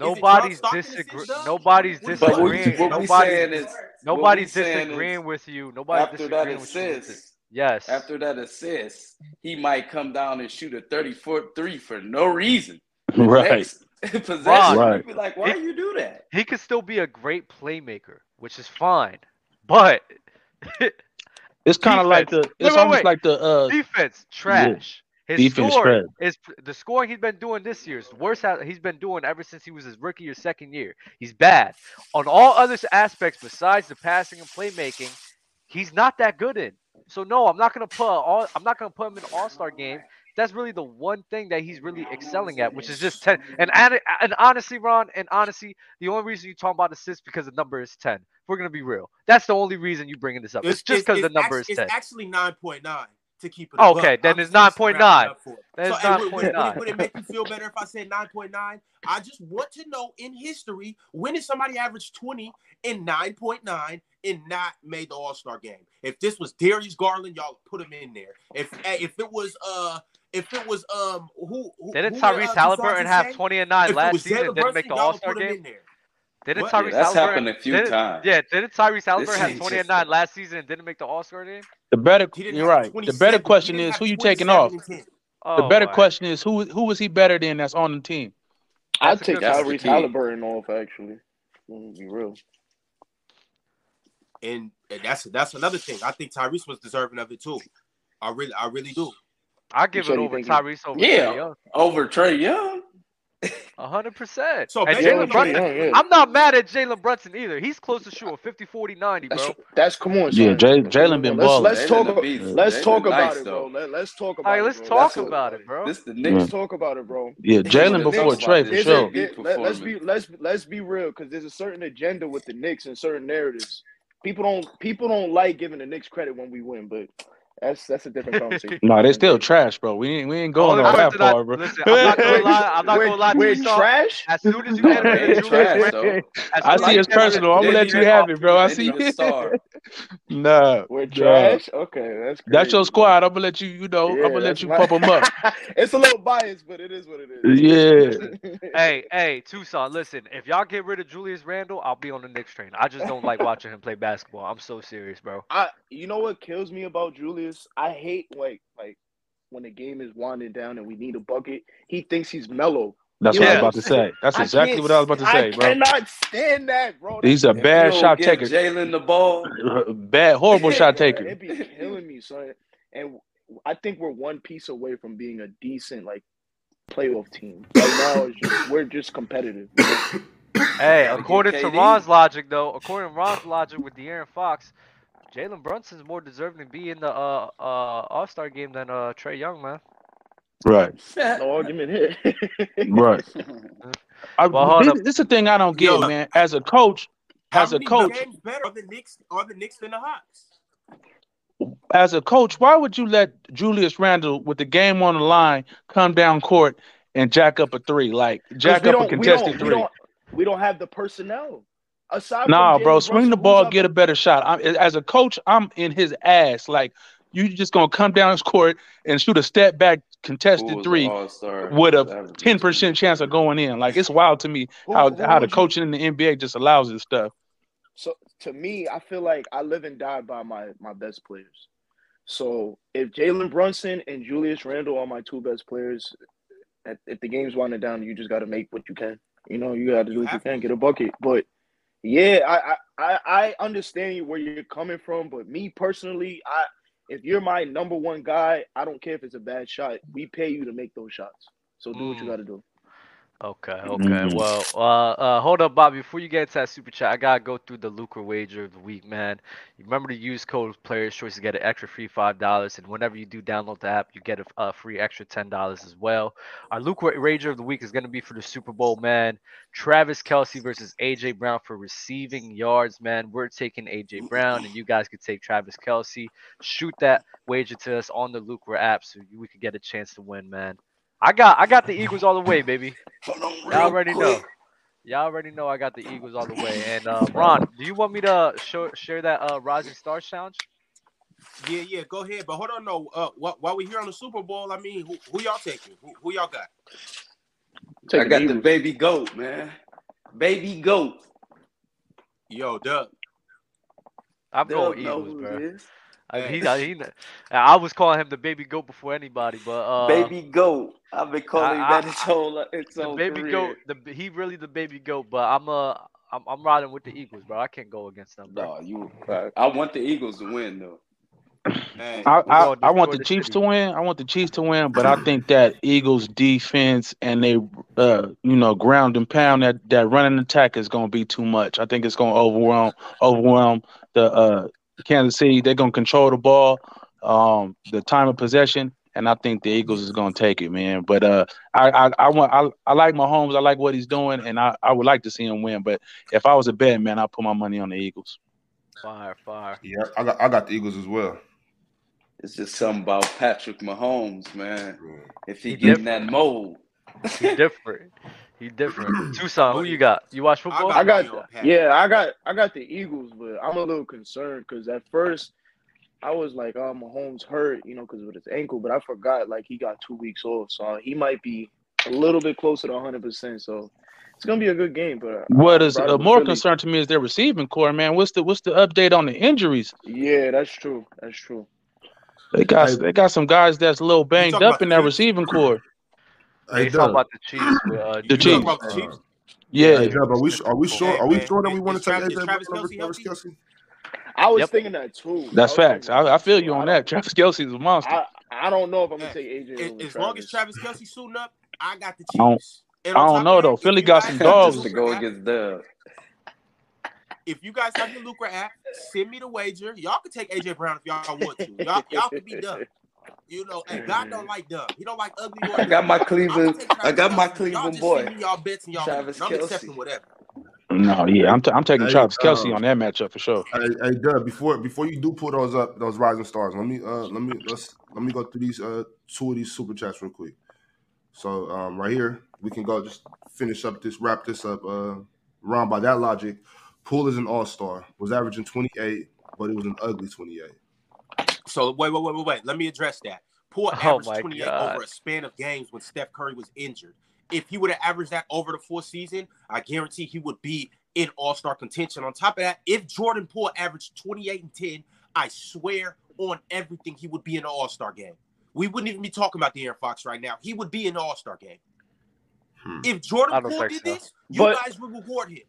[SPEAKER 2] John Stockton assists,
[SPEAKER 1] disagree
[SPEAKER 2] Doug?
[SPEAKER 1] nobody's
[SPEAKER 2] What-
[SPEAKER 3] But what,
[SPEAKER 1] disagreeing
[SPEAKER 3] what we
[SPEAKER 1] nobody's
[SPEAKER 3] saying is
[SPEAKER 1] nobody's
[SPEAKER 3] what we saying is
[SPEAKER 1] disagreeing with you. Nobody's
[SPEAKER 3] after that
[SPEAKER 1] disagreeing with you. with this.
[SPEAKER 3] assist.
[SPEAKER 1] Yes.
[SPEAKER 3] After that assist, he might come down and shoot a 30 foot three for no reason.
[SPEAKER 4] Right.
[SPEAKER 3] Next possession,
[SPEAKER 1] Right.
[SPEAKER 3] you'd be like, why
[SPEAKER 1] It-
[SPEAKER 3] you do that?
[SPEAKER 1] he could still be a great playmaker, which is fine. But
[SPEAKER 4] It's kind of like the.
[SPEAKER 1] Defense.
[SPEAKER 4] It's
[SPEAKER 1] Wait, wait,
[SPEAKER 4] almost
[SPEAKER 1] wait.
[SPEAKER 4] like the. uh
[SPEAKER 1] defense trash. His
[SPEAKER 4] Defense
[SPEAKER 1] scoring is the scoring he's been doing this year is the worst out- he's been doing ever since he was his rookie or second year. He's bad on all other aspects besides the passing and playmaking. He's not that good in. So no, I'm not gonna put all. I'm not gonna put him in All Star game. That's really the one thing that he's really excelling at, which is just ten. And ad- and honestly, Ron, and honestly, the only reason you talking about assists because the number is ten. If we're gonna be real. That's the only reason you bringing this up. It's, just because the number
[SPEAKER 2] act-
[SPEAKER 1] is ten.
[SPEAKER 2] It's actually nine point nine to keep it.
[SPEAKER 1] Okay, then it's 9.9. Then
[SPEAKER 2] That's
[SPEAKER 1] it's 9.9.
[SPEAKER 2] Would, it make you feel better if I said nine point nine? I just want to know in history when did somebody average twenty in nine point nine and not made the All Star game? If this was Darius Garland, y'all put him in there. If eh, if it was uh. If it was um who, who
[SPEAKER 1] Didn't
[SPEAKER 2] who did,
[SPEAKER 1] Tyrese
[SPEAKER 2] uh,
[SPEAKER 1] Halliburton
[SPEAKER 2] Dusakis
[SPEAKER 1] have
[SPEAKER 2] say?
[SPEAKER 1] 20 and 9
[SPEAKER 2] If it
[SPEAKER 1] last
[SPEAKER 2] was
[SPEAKER 1] season?
[SPEAKER 2] Jalen
[SPEAKER 1] Didn't
[SPEAKER 2] Brunson,
[SPEAKER 1] make the
[SPEAKER 2] y'all
[SPEAKER 1] All Star
[SPEAKER 2] put him
[SPEAKER 1] game.
[SPEAKER 2] in there.
[SPEAKER 1] Didn't
[SPEAKER 2] What?
[SPEAKER 3] Yeah,
[SPEAKER 1] Tyrese
[SPEAKER 3] that's
[SPEAKER 1] Halliburton?
[SPEAKER 3] happened a few
[SPEAKER 1] didn't-
[SPEAKER 3] times.
[SPEAKER 1] Yeah, didn't Tyrese Halliburton have
[SPEAKER 3] ain't
[SPEAKER 1] 20 and
[SPEAKER 3] just-
[SPEAKER 1] 9 last season and didn't make the All Star game?
[SPEAKER 4] The better.
[SPEAKER 2] He didn't
[SPEAKER 4] You're
[SPEAKER 2] have
[SPEAKER 4] right. The
[SPEAKER 2] 27
[SPEAKER 4] better
[SPEAKER 2] he
[SPEAKER 4] question
[SPEAKER 2] didn't
[SPEAKER 4] is
[SPEAKER 2] have
[SPEAKER 4] who you taking
[SPEAKER 2] 27
[SPEAKER 4] off.
[SPEAKER 2] and 10.
[SPEAKER 1] Oh,
[SPEAKER 4] The better
[SPEAKER 1] my.
[SPEAKER 4] question is who who is he better than that's on the team?
[SPEAKER 6] I'd
[SPEAKER 1] That's a
[SPEAKER 6] take
[SPEAKER 1] good
[SPEAKER 3] question.
[SPEAKER 6] Tyrese
[SPEAKER 3] Key.
[SPEAKER 6] Halliburton off, actually. Let me be real.
[SPEAKER 2] and, and that's that's another thing. I think Tyrese was deserving of it too. I really, I really do.
[SPEAKER 1] I give
[SPEAKER 6] said
[SPEAKER 1] it
[SPEAKER 6] he
[SPEAKER 1] over
[SPEAKER 6] think he-
[SPEAKER 1] Tyrese over
[SPEAKER 3] Yeah.
[SPEAKER 1] Trae Young.
[SPEAKER 3] Over Trey Young.
[SPEAKER 1] 100%.
[SPEAKER 2] So basically-
[SPEAKER 1] and Jalen
[SPEAKER 6] Jalen
[SPEAKER 2] Brunson-
[SPEAKER 1] Brunson.
[SPEAKER 6] Brunson, yeah.
[SPEAKER 1] I'm not mad at Jalen Brunson either. He's close to shooting 50, 40, 90,
[SPEAKER 6] That's,
[SPEAKER 1] bro.
[SPEAKER 6] that's come on,
[SPEAKER 4] Yeah,
[SPEAKER 6] son.
[SPEAKER 4] Jay-
[SPEAKER 6] That's what
[SPEAKER 4] Jalen been
[SPEAKER 6] we're doing.
[SPEAKER 4] balling.
[SPEAKER 6] Let's, let's talk.
[SPEAKER 3] Jalen a
[SPEAKER 6] About,
[SPEAKER 3] beast.
[SPEAKER 6] let's
[SPEAKER 3] Jalen
[SPEAKER 6] talk about
[SPEAKER 3] nice,
[SPEAKER 6] it,
[SPEAKER 3] though.
[SPEAKER 6] bro. Let, let's talk
[SPEAKER 1] All
[SPEAKER 6] about
[SPEAKER 1] right,
[SPEAKER 6] it.
[SPEAKER 1] let's
[SPEAKER 6] bro.
[SPEAKER 1] talk
[SPEAKER 3] That's what-
[SPEAKER 1] about it, bro.
[SPEAKER 3] This the
[SPEAKER 4] Yeah.
[SPEAKER 3] Knicks.
[SPEAKER 6] Let's talk about it, bro.
[SPEAKER 4] Yeah, Jalen
[SPEAKER 6] the
[SPEAKER 4] before
[SPEAKER 6] Knicks,
[SPEAKER 4] Trey for
[SPEAKER 3] There's
[SPEAKER 6] There's
[SPEAKER 4] sure.
[SPEAKER 6] a,
[SPEAKER 3] a
[SPEAKER 6] there-
[SPEAKER 3] big
[SPEAKER 6] let, let's be
[SPEAKER 3] performance.
[SPEAKER 6] let's let's be real because there's a certain agenda with the Knicks and certain narratives. People don't people don't like giving the Knicks credit when we win, but That's that's a different conversation.
[SPEAKER 4] No, they still trash, bro. We ain't we ain't going
[SPEAKER 1] Only
[SPEAKER 4] on that
[SPEAKER 1] person I-
[SPEAKER 4] far, bro.
[SPEAKER 1] listen, I'm not gonna lie. I'm not
[SPEAKER 6] We're-
[SPEAKER 1] gonna lie to
[SPEAKER 6] we're
[SPEAKER 1] you. Sal.
[SPEAKER 6] trash.
[SPEAKER 1] As soon as you get
[SPEAKER 4] They
[SPEAKER 1] into
[SPEAKER 4] ain't
[SPEAKER 1] the
[SPEAKER 3] trash, though.
[SPEAKER 4] I see it's personal. I'm gonna let you have it, bro. I
[SPEAKER 3] They
[SPEAKER 4] see.
[SPEAKER 3] need a star.
[SPEAKER 4] Nah,
[SPEAKER 6] We're
[SPEAKER 4] nah.
[SPEAKER 6] trash. Okay, that's crazy.
[SPEAKER 4] That's your squad. I'm gonna let you. You know,
[SPEAKER 6] Yeah,
[SPEAKER 4] I'm gonna let
[SPEAKER 6] that's
[SPEAKER 4] you
[SPEAKER 6] my-
[SPEAKER 4] pump 'em pump them up.
[SPEAKER 6] it's a little biased, but it is what it
[SPEAKER 4] Yeah.
[SPEAKER 6] is.
[SPEAKER 1] Hey, hey, Tucson, listen. If y'all get rid of Julius Randle, I'll be on the Knicks train. I just don't like watching him play basketball. I'm so serious, bro.
[SPEAKER 6] I you know what kills me about Julius? I hate like like when the game is winding down and we need a bucket. He thinks he's mellow.
[SPEAKER 4] That's what I
[SPEAKER 1] Yeah.
[SPEAKER 4] was about to say. That's
[SPEAKER 6] I
[SPEAKER 4] exactly
[SPEAKER 6] can't
[SPEAKER 4] what I was about to
[SPEAKER 6] st-
[SPEAKER 4] say,
[SPEAKER 6] I
[SPEAKER 4] bro.
[SPEAKER 6] cannot stand that, bro. That-
[SPEAKER 4] He's a
[SPEAKER 3] If
[SPEAKER 4] bad
[SPEAKER 3] you don't
[SPEAKER 4] shot
[SPEAKER 3] give
[SPEAKER 4] taker.
[SPEAKER 3] Jalen the ball.
[SPEAKER 4] Bad, horrible shot
[SPEAKER 6] bro,
[SPEAKER 4] taker.
[SPEAKER 6] It be killing me, son. And I think we're one piece away from being a decent like playoff team. Right now, it's just, we're just competitive.
[SPEAKER 1] Hey,
[SPEAKER 3] Gotta get
[SPEAKER 1] according to
[SPEAKER 3] KD.
[SPEAKER 1] Ron's logic, though, according to Ron's logic with De'Aaron Fox, Jalen Brunson's more deserving to be in the uh, uh, All Star game than uh, Trey Young, man.
[SPEAKER 4] Right,
[SPEAKER 6] No argument here.
[SPEAKER 4] right. I,
[SPEAKER 1] Well, hold
[SPEAKER 4] this, this is the thing I don't get,
[SPEAKER 2] Yo.
[SPEAKER 4] man. As a coach,
[SPEAKER 2] How
[SPEAKER 4] As a
[SPEAKER 2] many
[SPEAKER 4] coach-
[SPEAKER 2] games better are the Knicks are the Knicks than the Hawks?
[SPEAKER 4] as a coach, why would you let Julius Randle, with the game on the line, come down court and jack up a three, like jack
[SPEAKER 6] we
[SPEAKER 4] up a
[SPEAKER 6] don't- we don't-
[SPEAKER 4] contested
[SPEAKER 6] we
[SPEAKER 4] three?
[SPEAKER 6] don't, we don't have the personnel. Aside
[SPEAKER 4] Nah,
[SPEAKER 6] from Jalen
[SPEAKER 4] bro, swing
[SPEAKER 6] Brunson,
[SPEAKER 4] the
[SPEAKER 6] who's
[SPEAKER 4] ball,
[SPEAKER 6] our-
[SPEAKER 4] get a better shot. I'm, as a coach, I'm in his ass. Like you just gonna come down his court and shoot a step back contested three
[SPEAKER 3] all-star
[SPEAKER 4] with a ten percent chance of going in. Like it's wild to me
[SPEAKER 6] who-
[SPEAKER 4] how
[SPEAKER 6] who
[SPEAKER 4] how the
[SPEAKER 6] would you-
[SPEAKER 4] coaching in the NBA just allows this stuff.
[SPEAKER 6] So to me, I feel like I live and die by my my best players. So if Jalen Brunson and Julius Randle are my two best players, at, if the game's winding down, you just got to make what you can. You know, you got to do what you can, get a bucket. But yeah, I, I I I understand where you're coming from, but me personally, I if you're my number one guy, I don't care if it's a bad shot. We pay you to make those shots. So do what you
[SPEAKER 1] Mm.
[SPEAKER 6] got to do.
[SPEAKER 1] Okay, okay.
[SPEAKER 4] Mhm.
[SPEAKER 1] Well, uh, uh, hold up, Bob. Before you get into that super chat, I gotta go through the lucre wager of the week, man. You remember to use code Players Choice to get an extra free five dollars, and whenever you do download the app, you get a, a free extra ten dollars as well. Our lucre wager of the week is gonna be for the Super Bowl, man. Travis Kelsey versus AJ Brown for receiving yards, man. We're taking AJ Brown, and you guys could take Travis Kelsey. Shoot that wager to us on the lucre app, so you- we could get a chance to win, man. I got, I got the Eagles all the way, baby. Y'all already know. Y'all already know I got the Eagles all the way. And uh, Ron, do you want me to show, share that uh, Rising Star challenge?
[SPEAKER 2] Yeah, yeah, go ahead. But hold on, no. Uh, while, while we here on the Super Bowl, I mean, who, who y'all taking? Who, who y'all got?
[SPEAKER 6] Take
[SPEAKER 3] I
[SPEAKER 6] it
[SPEAKER 3] got the
[SPEAKER 6] easy.
[SPEAKER 3] baby goat, man. Baby goat.
[SPEAKER 2] Yo, Doug.
[SPEAKER 1] I'm
[SPEAKER 3] They'll
[SPEAKER 1] going
[SPEAKER 3] know
[SPEAKER 1] Eagles,
[SPEAKER 3] who
[SPEAKER 1] bro.
[SPEAKER 3] it is.
[SPEAKER 1] I, he,
[SPEAKER 2] Yeah.
[SPEAKER 1] I, he, I was calling him the baby goat before anybody, but uh,
[SPEAKER 3] baby goat. I've been calling
[SPEAKER 1] I-
[SPEAKER 3] that
[SPEAKER 1] I-
[SPEAKER 3] its whole its
[SPEAKER 1] the
[SPEAKER 3] whole
[SPEAKER 1] baby
[SPEAKER 3] career.
[SPEAKER 1] goat, the, he really the baby goat. But I'm uh, I'm, I'm riding with the Eagles, bro. I can't go against them, bro.
[SPEAKER 3] No, you. I want the Eagles to win though.
[SPEAKER 2] Hey,
[SPEAKER 4] I,
[SPEAKER 1] We're
[SPEAKER 4] I,
[SPEAKER 1] gonna
[SPEAKER 4] I want
[SPEAKER 1] destroy
[SPEAKER 4] the
[SPEAKER 1] the
[SPEAKER 4] Chiefs
[SPEAKER 1] city.
[SPEAKER 4] to win. I want the Chiefs to win, but I think that Eagles defense and they uh you know ground and pound that that running attack is going to be too much. I think it's going to overwhelm overwhelm the uh Kansas City. They're going to control the ball, um the time of possession, and I think the Eagles is going to take it, man. But uh I I, I want I, I like Mahomes. I like what he's doing, and I I would like to see him win. But if I was a bet man, I'd put my money on the Eagles.
[SPEAKER 1] Fire, fire.
[SPEAKER 5] Yeah, I got I got the Eagles as well.
[SPEAKER 3] It's just something about Patrick Mahomes, man. If he,
[SPEAKER 1] He
[SPEAKER 3] get in that
[SPEAKER 1] different.
[SPEAKER 3] mold,
[SPEAKER 1] He different. He different. Tucson, who you got? You watch football?
[SPEAKER 6] I got
[SPEAKER 2] Yo, Pat.
[SPEAKER 6] yeah, I got I got the Eagles, but I'm a little concerned because at first I was like, oh, Mahomes hurt, you know, because with his ankle, but I forgot like he got two weeks off, so he might be a little bit closer to 100. percent So it's gonna be a good game, but
[SPEAKER 4] What
[SPEAKER 6] I'm
[SPEAKER 4] is
[SPEAKER 6] riding
[SPEAKER 4] uh,
[SPEAKER 6] with
[SPEAKER 4] more
[SPEAKER 6] Philly.
[SPEAKER 4] concern to me is their receiving core, man. What's the what's the update on the injuries?
[SPEAKER 6] Yeah, that's true. That's true.
[SPEAKER 4] They got
[SPEAKER 5] Hey.
[SPEAKER 4] they got some guys that's a little banged
[SPEAKER 2] talking
[SPEAKER 4] up
[SPEAKER 2] about
[SPEAKER 4] in
[SPEAKER 2] the
[SPEAKER 4] that
[SPEAKER 2] Chiefs?
[SPEAKER 4] receiving core.
[SPEAKER 1] they
[SPEAKER 5] Hey,
[SPEAKER 1] talking
[SPEAKER 5] Doug.
[SPEAKER 1] about the Chiefs with uh,
[SPEAKER 2] You
[SPEAKER 4] Chiefs.
[SPEAKER 2] talking
[SPEAKER 1] Julius
[SPEAKER 2] about the
[SPEAKER 1] Randle.
[SPEAKER 2] Chiefs?
[SPEAKER 4] Yeah,
[SPEAKER 5] Hey, Dub, are we are we sure
[SPEAKER 2] Hey,
[SPEAKER 5] are we
[SPEAKER 2] man,
[SPEAKER 5] sure that we
[SPEAKER 2] is-
[SPEAKER 5] want
[SPEAKER 2] is
[SPEAKER 5] to take
[SPEAKER 2] Travis- is
[SPEAKER 5] AJ
[SPEAKER 2] Travis
[SPEAKER 5] Brown over
[SPEAKER 2] Kelce healthy?
[SPEAKER 5] Travis Kelsey?
[SPEAKER 6] I was
[SPEAKER 1] Yep.
[SPEAKER 6] thinking that too.
[SPEAKER 4] that's
[SPEAKER 6] I was thinking
[SPEAKER 4] facts. I, I
[SPEAKER 6] that
[SPEAKER 4] feel
[SPEAKER 6] too.
[SPEAKER 4] you on
[SPEAKER 6] I don't,
[SPEAKER 4] that. Travis Kelsey's a monster.
[SPEAKER 6] I, I don't know if I'm gonna
[SPEAKER 2] Hey,
[SPEAKER 6] take
[SPEAKER 3] Oh,
[SPEAKER 6] AJ
[SPEAKER 2] As,
[SPEAKER 6] over
[SPEAKER 2] as
[SPEAKER 6] Travis.
[SPEAKER 2] long as Travis Kelsey suiting up, I got the
[SPEAKER 4] don't-
[SPEAKER 2] Chiefs. And
[SPEAKER 4] I,
[SPEAKER 2] on
[SPEAKER 4] don't
[SPEAKER 2] top
[SPEAKER 4] know
[SPEAKER 2] of that,
[SPEAKER 4] though.
[SPEAKER 2] if
[SPEAKER 4] Philly
[SPEAKER 2] you
[SPEAKER 4] got
[SPEAKER 2] guys have
[SPEAKER 4] some
[SPEAKER 2] the
[SPEAKER 3] just
[SPEAKER 4] dogs.
[SPEAKER 3] to
[SPEAKER 2] Lucre
[SPEAKER 3] go
[SPEAKER 2] app,
[SPEAKER 3] against Dub.
[SPEAKER 2] if you guys have the Lucre app, send me the wager. Y'all can take AJ Brown if y'all want to. Y'all, y'all can be done. You know, and God don't like dumb. He don't like ugly boys.
[SPEAKER 3] I got my
[SPEAKER 2] I'm
[SPEAKER 3] Cleveland.
[SPEAKER 2] taking
[SPEAKER 3] I got my
[SPEAKER 2] Travis Kelsey. Y'all
[SPEAKER 3] Cleveland
[SPEAKER 2] just
[SPEAKER 3] boy.
[SPEAKER 2] send me y'all bets and y'all.
[SPEAKER 3] Travis
[SPEAKER 2] I'm
[SPEAKER 3] Kelce.
[SPEAKER 2] accepting whatever.
[SPEAKER 4] No, yeah, I'm, t- I'm taking
[SPEAKER 5] Hey,
[SPEAKER 4] Travis Kelsey
[SPEAKER 5] um,
[SPEAKER 4] on that matchup for sure.
[SPEAKER 5] Hey, hey Dub, before before you do pull those up, those rising stars, let me uh let me let's let me go through these uh two of these super chats real quick. So um right here, we can go just finish up this, wrap this up. Uh Ron, by that logic, Poole is an all-star, was averaging 28, but it was an ugly 28.
[SPEAKER 2] So wait, wait, wait, wait, wait. Let me address that. Poor
[SPEAKER 1] Oh
[SPEAKER 2] averaged
[SPEAKER 1] my
[SPEAKER 2] 28
[SPEAKER 1] God.
[SPEAKER 2] over a span of games when Steph Curry was injured. If he would have averaged that over the full season, I guarantee he would be in All Star contention. On top of that, if Jordan Poole averaged 28 and 10, I swear on everything he would be in an All Star game. We wouldn't even be talking about the Air Fox right now. He would be in an All Star game.
[SPEAKER 5] Hmm.
[SPEAKER 2] If
[SPEAKER 1] I
[SPEAKER 2] Jordan
[SPEAKER 1] don't
[SPEAKER 2] Poole
[SPEAKER 1] think
[SPEAKER 2] did
[SPEAKER 1] so.
[SPEAKER 2] this, you
[SPEAKER 6] But-
[SPEAKER 2] guys would reward him.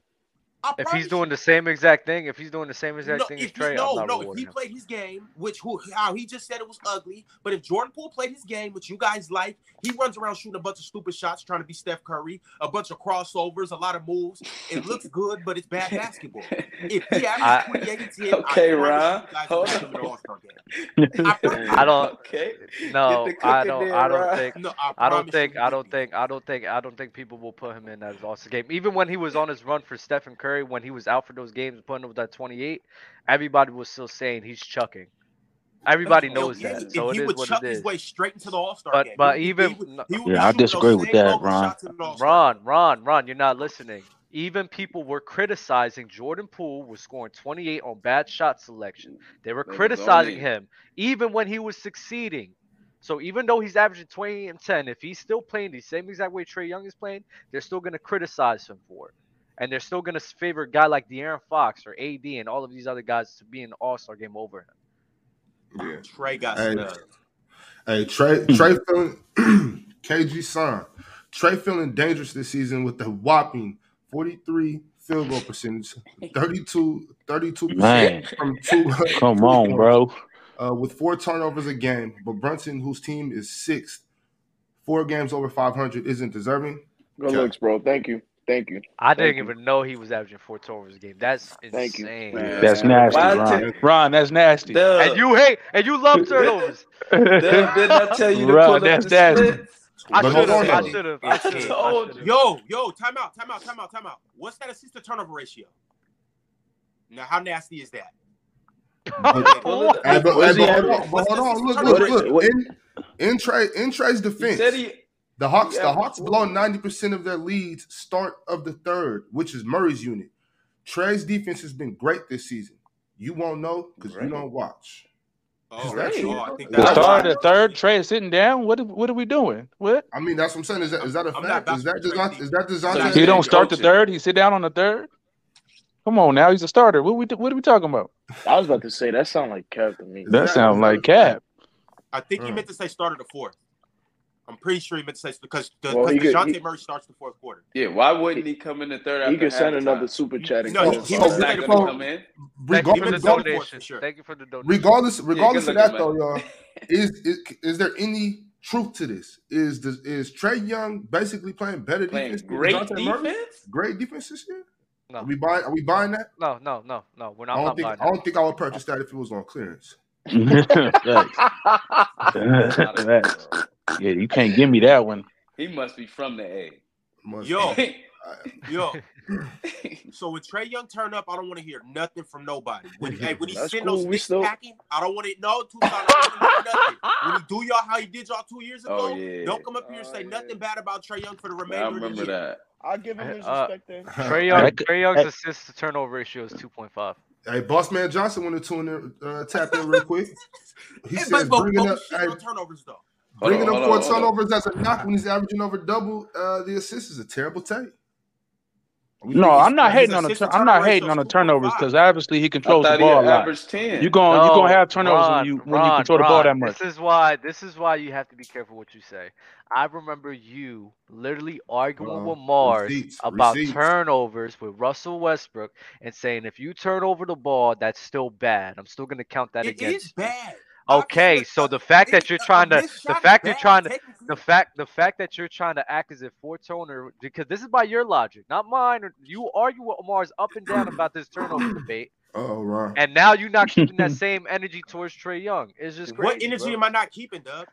[SPEAKER 2] I
[SPEAKER 1] If
[SPEAKER 2] promise
[SPEAKER 1] he's doing
[SPEAKER 2] you
[SPEAKER 1] the same exact thing, if he's doing the same exact thing as
[SPEAKER 2] if he-
[SPEAKER 1] Trey,
[SPEAKER 2] no,
[SPEAKER 1] I'm not
[SPEAKER 2] no, if
[SPEAKER 1] rewarding
[SPEAKER 2] he
[SPEAKER 1] him.
[SPEAKER 2] played his game, which who how he just said it was ugly, but if Jordan Poole played his game, which you guys like, he runs around shooting a bunch of stupid shots, trying to be Steph Curry, a bunch of crossovers, a lot of moves. It looks good, but it's bad basketball. If he
[SPEAKER 1] I-
[SPEAKER 2] averages 28 and 10,
[SPEAKER 3] Okay,
[SPEAKER 2] I promise you
[SPEAKER 3] Ron,
[SPEAKER 2] you guys will
[SPEAKER 3] hold
[SPEAKER 2] have him in
[SPEAKER 3] on.
[SPEAKER 2] the All-Star game. I promise you.
[SPEAKER 1] I don't-
[SPEAKER 3] Okay.
[SPEAKER 1] No,
[SPEAKER 3] Get the
[SPEAKER 1] I
[SPEAKER 3] cooking
[SPEAKER 1] don't.
[SPEAKER 3] there,
[SPEAKER 1] I don't
[SPEAKER 3] Rod.
[SPEAKER 1] think.
[SPEAKER 2] No, I,
[SPEAKER 1] I don't
[SPEAKER 2] promise you
[SPEAKER 1] think.
[SPEAKER 2] he
[SPEAKER 1] I
[SPEAKER 2] would
[SPEAKER 1] don't
[SPEAKER 2] be.
[SPEAKER 1] think. I don't think. I don't think people will put him in as lost game. Even when he was on his run for Stephen Curry, when he was out for those games, putting up that 28, everybody was still saying he's chucking. Everybody
[SPEAKER 3] Yo,
[SPEAKER 1] knows
[SPEAKER 2] yeah,
[SPEAKER 1] that,
[SPEAKER 2] if
[SPEAKER 1] so it
[SPEAKER 2] he
[SPEAKER 1] is
[SPEAKER 2] would
[SPEAKER 1] what
[SPEAKER 2] chuck
[SPEAKER 1] it
[SPEAKER 2] his
[SPEAKER 1] is.
[SPEAKER 2] way straight into the All-Star
[SPEAKER 1] But-
[SPEAKER 2] game. He
[SPEAKER 1] but
[SPEAKER 2] would be-
[SPEAKER 1] even-
[SPEAKER 2] he would, he would
[SPEAKER 4] Yeah,
[SPEAKER 2] be
[SPEAKER 4] I
[SPEAKER 2] shooting those
[SPEAKER 4] disagree with
[SPEAKER 2] same
[SPEAKER 4] that,
[SPEAKER 2] ugly
[SPEAKER 4] Ron.
[SPEAKER 2] shots in the All-Star game.
[SPEAKER 1] Ron, Ron, Ron, you're not listening. Even people were criticizing Jordan Poole was scoring 28 on bad shot selection. They were
[SPEAKER 3] They was on
[SPEAKER 1] criticizing
[SPEAKER 3] it.
[SPEAKER 1] him even when he was succeeding. So even though he's averaging 28 and 10, if he's still playing the same exact way Trey Young is playing, they're still going to criticize him for it. And they're still going to favor a guy like De'Aaron Fox or AD and all of these other guys to be in the All-Star game over him.
[SPEAKER 5] Yeah.
[SPEAKER 2] Trey got
[SPEAKER 5] Hey.
[SPEAKER 2] snubbed.
[SPEAKER 5] Hey, Trey, Trey feeling KG son. Trey feeling dangerous this season with the whopping 43 field goal percentage, 32, 32%
[SPEAKER 4] Man,
[SPEAKER 5] from two,
[SPEAKER 4] come
[SPEAKER 5] two
[SPEAKER 4] on,
[SPEAKER 5] points,
[SPEAKER 4] bro.
[SPEAKER 5] Uh, with four turnovers a game. But Brunson, whose team is sixth, four games over 500, isn't deserving.
[SPEAKER 6] Good
[SPEAKER 5] Yeah.
[SPEAKER 6] looks, bro. Thank you. Thank you.
[SPEAKER 1] I
[SPEAKER 6] Thank
[SPEAKER 1] didn't
[SPEAKER 6] you.
[SPEAKER 1] even know he was averaging four turnovers a game. That's
[SPEAKER 6] Thank you.
[SPEAKER 1] insane.
[SPEAKER 3] Man,
[SPEAKER 4] That's nasty,
[SPEAKER 3] why
[SPEAKER 4] Ron.
[SPEAKER 3] did-
[SPEAKER 4] Ron, that's nasty.
[SPEAKER 1] And
[SPEAKER 3] Dub,
[SPEAKER 1] you hate and you love turnovers.
[SPEAKER 3] Dub, didn't I tell you to
[SPEAKER 4] Ron,
[SPEAKER 3] pull up
[SPEAKER 4] that's
[SPEAKER 3] the
[SPEAKER 4] nasty.
[SPEAKER 3] splits?
[SPEAKER 1] I
[SPEAKER 5] But
[SPEAKER 1] should
[SPEAKER 5] hold
[SPEAKER 1] have.
[SPEAKER 5] on,
[SPEAKER 1] I
[SPEAKER 5] though.
[SPEAKER 1] should have. I should have. I
[SPEAKER 3] Told
[SPEAKER 1] should have.
[SPEAKER 2] Yo, yo, time out, time out, time out, time out. What's that assist to turnover ratio? Now, how nasty is that?
[SPEAKER 5] But,
[SPEAKER 3] Pull it
[SPEAKER 5] hey,
[SPEAKER 3] up.
[SPEAKER 5] but,
[SPEAKER 3] Where's
[SPEAKER 5] hey,
[SPEAKER 3] he
[SPEAKER 5] but hold
[SPEAKER 3] averaging?
[SPEAKER 5] on, but hold on. Look,
[SPEAKER 6] What
[SPEAKER 5] look,
[SPEAKER 6] is
[SPEAKER 5] look.
[SPEAKER 6] it? What,
[SPEAKER 5] In, in Trey, in Trey's
[SPEAKER 3] He
[SPEAKER 5] defense,
[SPEAKER 3] said he.
[SPEAKER 5] The Hawks, the
[SPEAKER 3] Yeah,
[SPEAKER 5] Hawks
[SPEAKER 3] but-
[SPEAKER 5] blow 90% of their leads start of the third, which is Murray's unit. Trey's defense has been great this season. You won't know because you
[SPEAKER 3] Great.
[SPEAKER 5] don't watch.
[SPEAKER 2] Oh,
[SPEAKER 5] that
[SPEAKER 3] Great.
[SPEAKER 5] true?
[SPEAKER 2] oh, I think
[SPEAKER 4] The
[SPEAKER 3] I
[SPEAKER 2] that's
[SPEAKER 4] start of the
[SPEAKER 3] watched.
[SPEAKER 4] third, Trey is sitting down. What what are we doing? What?
[SPEAKER 5] I mean, that's what I'm saying. Is that, is that a
[SPEAKER 2] I'm not
[SPEAKER 5] fact? Is that
[SPEAKER 2] vouching for
[SPEAKER 5] Dejounte,
[SPEAKER 2] Trey.
[SPEAKER 5] is that
[SPEAKER 3] So you
[SPEAKER 5] Dejounte?
[SPEAKER 3] said
[SPEAKER 4] He
[SPEAKER 3] he
[SPEAKER 4] don't start the
[SPEAKER 3] coaching.
[SPEAKER 4] third. He sit down on the third. Come on now, he's a starter. What we what are we talking about?
[SPEAKER 6] I was about to say that sound like cap to me.
[SPEAKER 5] Is
[SPEAKER 4] That
[SPEAKER 5] that- is
[SPEAKER 4] sounds
[SPEAKER 5] that
[SPEAKER 4] like
[SPEAKER 5] a fact?
[SPEAKER 4] Cap.
[SPEAKER 2] I think he
[SPEAKER 5] Mm.
[SPEAKER 2] meant to say started the fourth. I'm pretty sure he meant to say because the,
[SPEAKER 6] Well, he
[SPEAKER 2] because
[SPEAKER 6] could-
[SPEAKER 2] Dejounte
[SPEAKER 6] he-
[SPEAKER 2] Murray starts the fourth quarter.
[SPEAKER 3] Yeah, why wouldn't he come in the third after
[SPEAKER 6] He could send
[SPEAKER 3] halftime?
[SPEAKER 6] another super chat and
[SPEAKER 2] No,
[SPEAKER 5] So-
[SPEAKER 6] get us
[SPEAKER 2] he
[SPEAKER 5] so-
[SPEAKER 2] meant
[SPEAKER 3] He's
[SPEAKER 2] to
[SPEAKER 5] so-
[SPEAKER 2] say
[SPEAKER 3] not
[SPEAKER 2] the
[SPEAKER 3] gonna
[SPEAKER 2] fourth.
[SPEAKER 3] come in.
[SPEAKER 1] Thank you for the
[SPEAKER 2] He
[SPEAKER 5] regardless,
[SPEAKER 2] meant to
[SPEAKER 5] regardless,
[SPEAKER 2] say-
[SPEAKER 1] donation.
[SPEAKER 2] for sure.
[SPEAKER 1] Thank you for the donation.
[SPEAKER 5] regardless, regardless of
[SPEAKER 3] good
[SPEAKER 5] that
[SPEAKER 3] looking,
[SPEAKER 5] though, y'all,
[SPEAKER 3] man.
[SPEAKER 5] is, is is there any truth to this? Is does, is Trey Young basically playing better defense than
[SPEAKER 3] Playing great
[SPEAKER 5] Dejounte Murray?
[SPEAKER 3] defense.
[SPEAKER 5] Great defense this year?
[SPEAKER 1] No.
[SPEAKER 5] Are we buying? Are we buying that?
[SPEAKER 1] No, no, no, no. We're
[SPEAKER 5] I
[SPEAKER 1] not, I'm
[SPEAKER 5] don't
[SPEAKER 1] not
[SPEAKER 5] think.
[SPEAKER 1] buying
[SPEAKER 5] I don't think I would purchase that if it was on clearance.
[SPEAKER 4] Facts.
[SPEAKER 3] Not a-
[SPEAKER 4] Facts. Yeah, you can't give me that one.
[SPEAKER 3] He must be from the A.
[SPEAKER 5] Must-
[SPEAKER 2] Yo.
[SPEAKER 5] I-
[SPEAKER 2] Yo,
[SPEAKER 3] he
[SPEAKER 2] so when Trey Young turn up, I don't want to hear nothing from nobody. When hey, when he
[SPEAKER 6] That's
[SPEAKER 2] send
[SPEAKER 6] cool,
[SPEAKER 2] those
[SPEAKER 6] we
[SPEAKER 2] sticks
[SPEAKER 6] still-
[SPEAKER 2] packing, I don't want to know too I don't want to hear nothing. When he do y'all how he did y'all two years ago,
[SPEAKER 3] Oh, yeah.
[SPEAKER 2] don't come up here and
[SPEAKER 6] Oh,
[SPEAKER 2] say
[SPEAKER 6] yeah.
[SPEAKER 2] nothing bad about Trey Young for the
[SPEAKER 3] I
[SPEAKER 2] remainder of the
[SPEAKER 3] remember
[SPEAKER 2] year.
[SPEAKER 3] that.
[SPEAKER 6] I'll give him his
[SPEAKER 1] Uh,
[SPEAKER 6] respect then.
[SPEAKER 1] Trey
[SPEAKER 4] Hey,
[SPEAKER 1] Young.
[SPEAKER 4] that-
[SPEAKER 1] Trey Young's
[SPEAKER 4] hey.
[SPEAKER 1] assist to turnover ratio is 2.5.
[SPEAKER 5] Hey, boss man Johnson want to tune in, uh, tap in real quick. He
[SPEAKER 2] Hey,
[SPEAKER 5] says
[SPEAKER 2] but, but,
[SPEAKER 5] bringing
[SPEAKER 2] but
[SPEAKER 5] up
[SPEAKER 2] we shit
[SPEAKER 5] hey,
[SPEAKER 2] on turnovers though.
[SPEAKER 3] Hold
[SPEAKER 5] bringing up
[SPEAKER 3] on, hold
[SPEAKER 5] four
[SPEAKER 3] on, hold on.
[SPEAKER 5] turnovers as a knock when he's averaging over double uh, the assists is a terrible take. We
[SPEAKER 4] No,
[SPEAKER 5] think it's
[SPEAKER 4] I'm not
[SPEAKER 2] His
[SPEAKER 4] hating on the
[SPEAKER 2] assist
[SPEAKER 4] tur-
[SPEAKER 2] to
[SPEAKER 4] I'm
[SPEAKER 2] turnover
[SPEAKER 4] not
[SPEAKER 2] ratio
[SPEAKER 4] hating
[SPEAKER 2] is
[SPEAKER 4] on the turnovers
[SPEAKER 2] 2.5.
[SPEAKER 4] because obviously he
[SPEAKER 3] I
[SPEAKER 4] controls the
[SPEAKER 3] thought he
[SPEAKER 4] ball a lot.
[SPEAKER 3] averaged 10.
[SPEAKER 4] You going Oh, you gonna
[SPEAKER 1] No,
[SPEAKER 4] have turnovers when
[SPEAKER 1] Ron,
[SPEAKER 4] you when you
[SPEAKER 1] Ron,
[SPEAKER 4] control the ball
[SPEAKER 1] Ron,
[SPEAKER 4] that much.
[SPEAKER 1] This is why. This is why you have to be careful what you say. I remember you literally arguing
[SPEAKER 5] Uh-oh.
[SPEAKER 1] with Mars
[SPEAKER 5] Receipts,
[SPEAKER 1] about
[SPEAKER 5] receipts.
[SPEAKER 1] turnovers with Russell Westbrook and saying if you turn over the ball, that's still bad. I'm still gonna count that
[SPEAKER 2] It
[SPEAKER 1] against.
[SPEAKER 2] is
[SPEAKER 1] you."
[SPEAKER 2] bad.
[SPEAKER 1] Okay, so the fact that you're trying to, the fact you're trying to, the fact, the fact that you're trying to act as if four turner, because this is by your logic, not mine. or- You argue with Omar's up and down about this turnover debate,
[SPEAKER 5] Oh, Ron.
[SPEAKER 1] and now you're not keeping that same energy towards Trey Young. It's just crazy.
[SPEAKER 2] what energy
[SPEAKER 1] bro.
[SPEAKER 2] am I not keeping, Dub?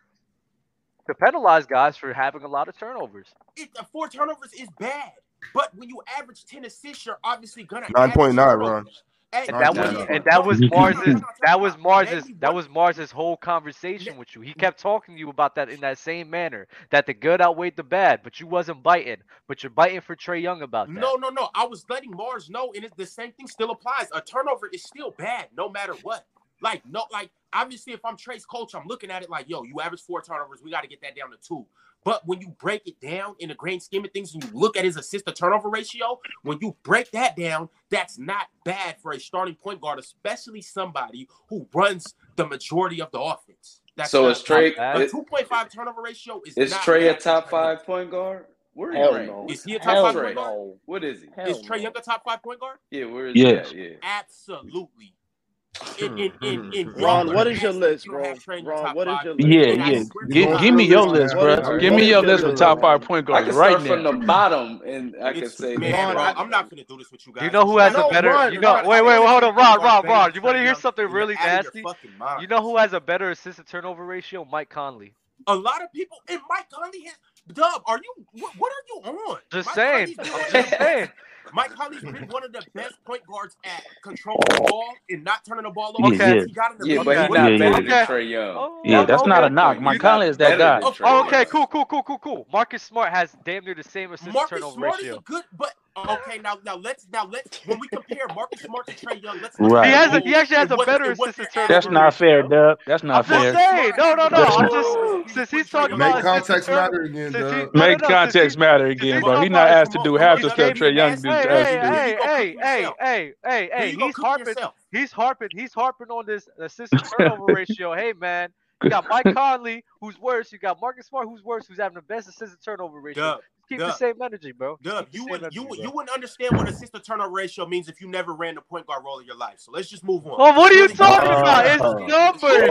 [SPEAKER 1] to penalize guys for having a lot of turnovers?
[SPEAKER 2] It, uh, four turnovers is bad. But when you average ten assists, you're obviously gonna
[SPEAKER 5] Nine point nine,
[SPEAKER 2] average-
[SPEAKER 5] Ron.
[SPEAKER 2] Hey,
[SPEAKER 1] And that was and that was
[SPEAKER 2] No, no, no, no,
[SPEAKER 1] Mars's
[SPEAKER 2] no,
[SPEAKER 1] that was Mars's
[SPEAKER 2] Maybe
[SPEAKER 1] that
[SPEAKER 2] one-
[SPEAKER 1] was Mars's whole conversation with you. He kept talking to you about that in that same manner that the good outweighed the bad, but you wasn't biting, but you're biting for Trey Young about that.
[SPEAKER 2] No, no, no. I was letting Mars know, and it's the same thing still applies. A turnover is still bad, no matter what. Like, no, like obviously, if I'm Trey's coach, I'm looking at it like, yo, you average four turnovers, we got to get that down to two. But when you break it down in the grand scheme of things, and you look at his assist to turnover ratio, when you break that down, that's not bad for a starting point guard, especially somebody who runs the majority of the offense. That's
[SPEAKER 3] so
[SPEAKER 2] not
[SPEAKER 3] is Trey?
[SPEAKER 1] not bad.
[SPEAKER 2] A
[SPEAKER 3] Is,
[SPEAKER 2] two point five turnover ratio is.
[SPEAKER 3] is
[SPEAKER 2] not
[SPEAKER 3] Trey a
[SPEAKER 2] bad for
[SPEAKER 3] top
[SPEAKER 2] Trae.
[SPEAKER 3] five point guard? Where
[SPEAKER 6] Hell
[SPEAKER 3] is he?
[SPEAKER 6] no.
[SPEAKER 3] ranked?
[SPEAKER 2] Is he a top
[SPEAKER 6] Hell
[SPEAKER 2] five
[SPEAKER 3] Trey.
[SPEAKER 2] point guard?
[SPEAKER 6] no.
[SPEAKER 3] What is he?
[SPEAKER 6] Hell
[SPEAKER 2] Is Trey
[SPEAKER 6] no.
[SPEAKER 2] Young a top five point guard?
[SPEAKER 3] Yeah, where is
[SPEAKER 4] Yes.
[SPEAKER 3] he? At? Yeah.
[SPEAKER 2] Absolutely. In, in, in, in
[SPEAKER 6] Ron,
[SPEAKER 2] all
[SPEAKER 6] what is your
[SPEAKER 2] capacities,
[SPEAKER 6] list,
[SPEAKER 2] you don't
[SPEAKER 6] bro?
[SPEAKER 2] have Trey in your
[SPEAKER 6] Ron,
[SPEAKER 2] top
[SPEAKER 6] what is
[SPEAKER 2] five.
[SPEAKER 6] your list?
[SPEAKER 4] Yeah,
[SPEAKER 2] And I
[SPEAKER 4] yeah.
[SPEAKER 2] swear to
[SPEAKER 4] Gi-
[SPEAKER 2] God,
[SPEAKER 4] give me your list,
[SPEAKER 6] What
[SPEAKER 4] bro.
[SPEAKER 6] is-
[SPEAKER 4] Give
[SPEAKER 6] what
[SPEAKER 4] me
[SPEAKER 6] is
[SPEAKER 4] your
[SPEAKER 6] your
[SPEAKER 4] list for
[SPEAKER 6] list
[SPEAKER 4] top
[SPEAKER 6] right now?
[SPEAKER 4] five point
[SPEAKER 3] I
[SPEAKER 4] guards
[SPEAKER 3] can
[SPEAKER 4] right
[SPEAKER 3] start from
[SPEAKER 4] now.
[SPEAKER 3] the bottom, and I can
[SPEAKER 2] it's-
[SPEAKER 3] say
[SPEAKER 2] man,
[SPEAKER 3] that
[SPEAKER 6] Ron,
[SPEAKER 2] bro,
[SPEAKER 3] right
[SPEAKER 2] I'm
[SPEAKER 3] now.
[SPEAKER 2] not gonna do this with you guys.
[SPEAKER 1] Do you know who has
[SPEAKER 6] No,
[SPEAKER 1] a better?
[SPEAKER 6] Ron,
[SPEAKER 1] you know,
[SPEAKER 6] Ron,
[SPEAKER 1] wait,
[SPEAKER 6] I
[SPEAKER 1] wait,
[SPEAKER 6] think
[SPEAKER 1] hold
[SPEAKER 2] Trey
[SPEAKER 1] on, Rob,
[SPEAKER 2] Young's
[SPEAKER 1] Rob,
[SPEAKER 2] better
[SPEAKER 1] Rob.
[SPEAKER 2] than
[SPEAKER 1] You want to
[SPEAKER 2] Trey
[SPEAKER 1] hear
[SPEAKER 2] Young,
[SPEAKER 1] something
[SPEAKER 2] and you're
[SPEAKER 1] really
[SPEAKER 2] out of your
[SPEAKER 1] nasty?
[SPEAKER 2] fucking mind.
[SPEAKER 1] You know who has a better assist to turnover ratio? Mike Conley.
[SPEAKER 2] A lot of people and Mike Conley has. Dub, are you? What, what are you on?
[SPEAKER 1] Just
[SPEAKER 2] Mike
[SPEAKER 1] saying.
[SPEAKER 2] Conley's been one
[SPEAKER 1] I'm
[SPEAKER 2] of the
[SPEAKER 1] just saying.
[SPEAKER 2] Mike Conley's been one of the best point guards at controlling the ball and not turning the ball over
[SPEAKER 4] Yeah,
[SPEAKER 2] since
[SPEAKER 4] yeah.
[SPEAKER 2] he got in the
[SPEAKER 3] Yeah,
[SPEAKER 2] league.
[SPEAKER 3] but he's
[SPEAKER 1] Okay.
[SPEAKER 3] not
[SPEAKER 4] Yeah,
[SPEAKER 3] better
[SPEAKER 1] yeah.
[SPEAKER 3] than
[SPEAKER 1] Okay.
[SPEAKER 3] Trey Young.
[SPEAKER 1] Oh,
[SPEAKER 4] Yeah, that's not a
[SPEAKER 1] okay.
[SPEAKER 4] knock. My
[SPEAKER 3] He's not
[SPEAKER 4] Conley is that
[SPEAKER 3] better than
[SPEAKER 4] guy.
[SPEAKER 2] Oh,
[SPEAKER 3] Trey
[SPEAKER 1] Oh,
[SPEAKER 3] Young.
[SPEAKER 1] okay, cool, cool, cool, cool, cool. Marcus Smart has damn near the same assist to
[SPEAKER 2] Marcus
[SPEAKER 1] turnover
[SPEAKER 2] Smart is
[SPEAKER 1] ratio.
[SPEAKER 2] a good, but okay. Now, now let's now let's when we compare Marcus Smart to Trey Young, let's
[SPEAKER 4] Right.
[SPEAKER 1] He
[SPEAKER 4] He
[SPEAKER 1] has a,
[SPEAKER 2] look
[SPEAKER 1] he actually has
[SPEAKER 2] at
[SPEAKER 1] a
[SPEAKER 2] what-
[SPEAKER 1] better
[SPEAKER 2] at what
[SPEAKER 1] assist to
[SPEAKER 2] they're
[SPEAKER 1] turnover
[SPEAKER 4] That's
[SPEAKER 2] averaging.
[SPEAKER 4] not fair, Dub. That's
[SPEAKER 1] I'm
[SPEAKER 4] not
[SPEAKER 1] just
[SPEAKER 4] fair.
[SPEAKER 1] saying, no, no, no.
[SPEAKER 4] That's
[SPEAKER 1] I'm
[SPEAKER 4] not-
[SPEAKER 1] just since he's talking
[SPEAKER 5] Make
[SPEAKER 1] about assist to
[SPEAKER 5] context
[SPEAKER 1] turnover,
[SPEAKER 5] matter again,
[SPEAKER 1] since he no,
[SPEAKER 5] dog.
[SPEAKER 1] no,
[SPEAKER 4] Make
[SPEAKER 1] no, since he,
[SPEAKER 4] context matter again,
[SPEAKER 1] since
[SPEAKER 4] bro.
[SPEAKER 1] he's
[SPEAKER 4] He
[SPEAKER 1] talking
[SPEAKER 4] not
[SPEAKER 1] about
[SPEAKER 4] asked to
[SPEAKER 2] Among-
[SPEAKER 4] do
[SPEAKER 2] among
[SPEAKER 4] half
[SPEAKER 1] Hey,
[SPEAKER 4] the
[SPEAKER 2] other
[SPEAKER 4] stuff
[SPEAKER 1] hey,
[SPEAKER 4] Trey
[SPEAKER 2] people
[SPEAKER 4] Young
[SPEAKER 2] asked
[SPEAKER 4] did,
[SPEAKER 2] me,
[SPEAKER 1] hey,
[SPEAKER 4] asked to
[SPEAKER 2] hey,
[SPEAKER 4] do.
[SPEAKER 2] here
[SPEAKER 1] hey,
[SPEAKER 2] you go cooking
[SPEAKER 1] hey, hey,
[SPEAKER 2] yourself.
[SPEAKER 1] hey, hey,
[SPEAKER 2] Here
[SPEAKER 1] hey.
[SPEAKER 2] you go
[SPEAKER 1] He's
[SPEAKER 2] cooking
[SPEAKER 1] harping,
[SPEAKER 2] yourself.
[SPEAKER 1] he's harping, he's harping on this assist to turnover ratio. Hey, man, you got Mike Conley, who's worse. You got Marcus Smart, who's worse, who's having the best assist to turnover ratio.
[SPEAKER 2] Dub,
[SPEAKER 1] Just
[SPEAKER 2] Dub.
[SPEAKER 1] keep the same energy, bro. Just
[SPEAKER 2] Dub,
[SPEAKER 1] keep the
[SPEAKER 2] you
[SPEAKER 1] same
[SPEAKER 2] wouldn't
[SPEAKER 1] energy,
[SPEAKER 2] you would
[SPEAKER 1] bro.
[SPEAKER 2] you wouldn't understand what assist to turnover ratio means if you never ran the point guard role in your life. So let's just move on.
[SPEAKER 1] Well, what are you
[SPEAKER 2] Really, guys,
[SPEAKER 1] talking about? It's
[SPEAKER 4] Oh.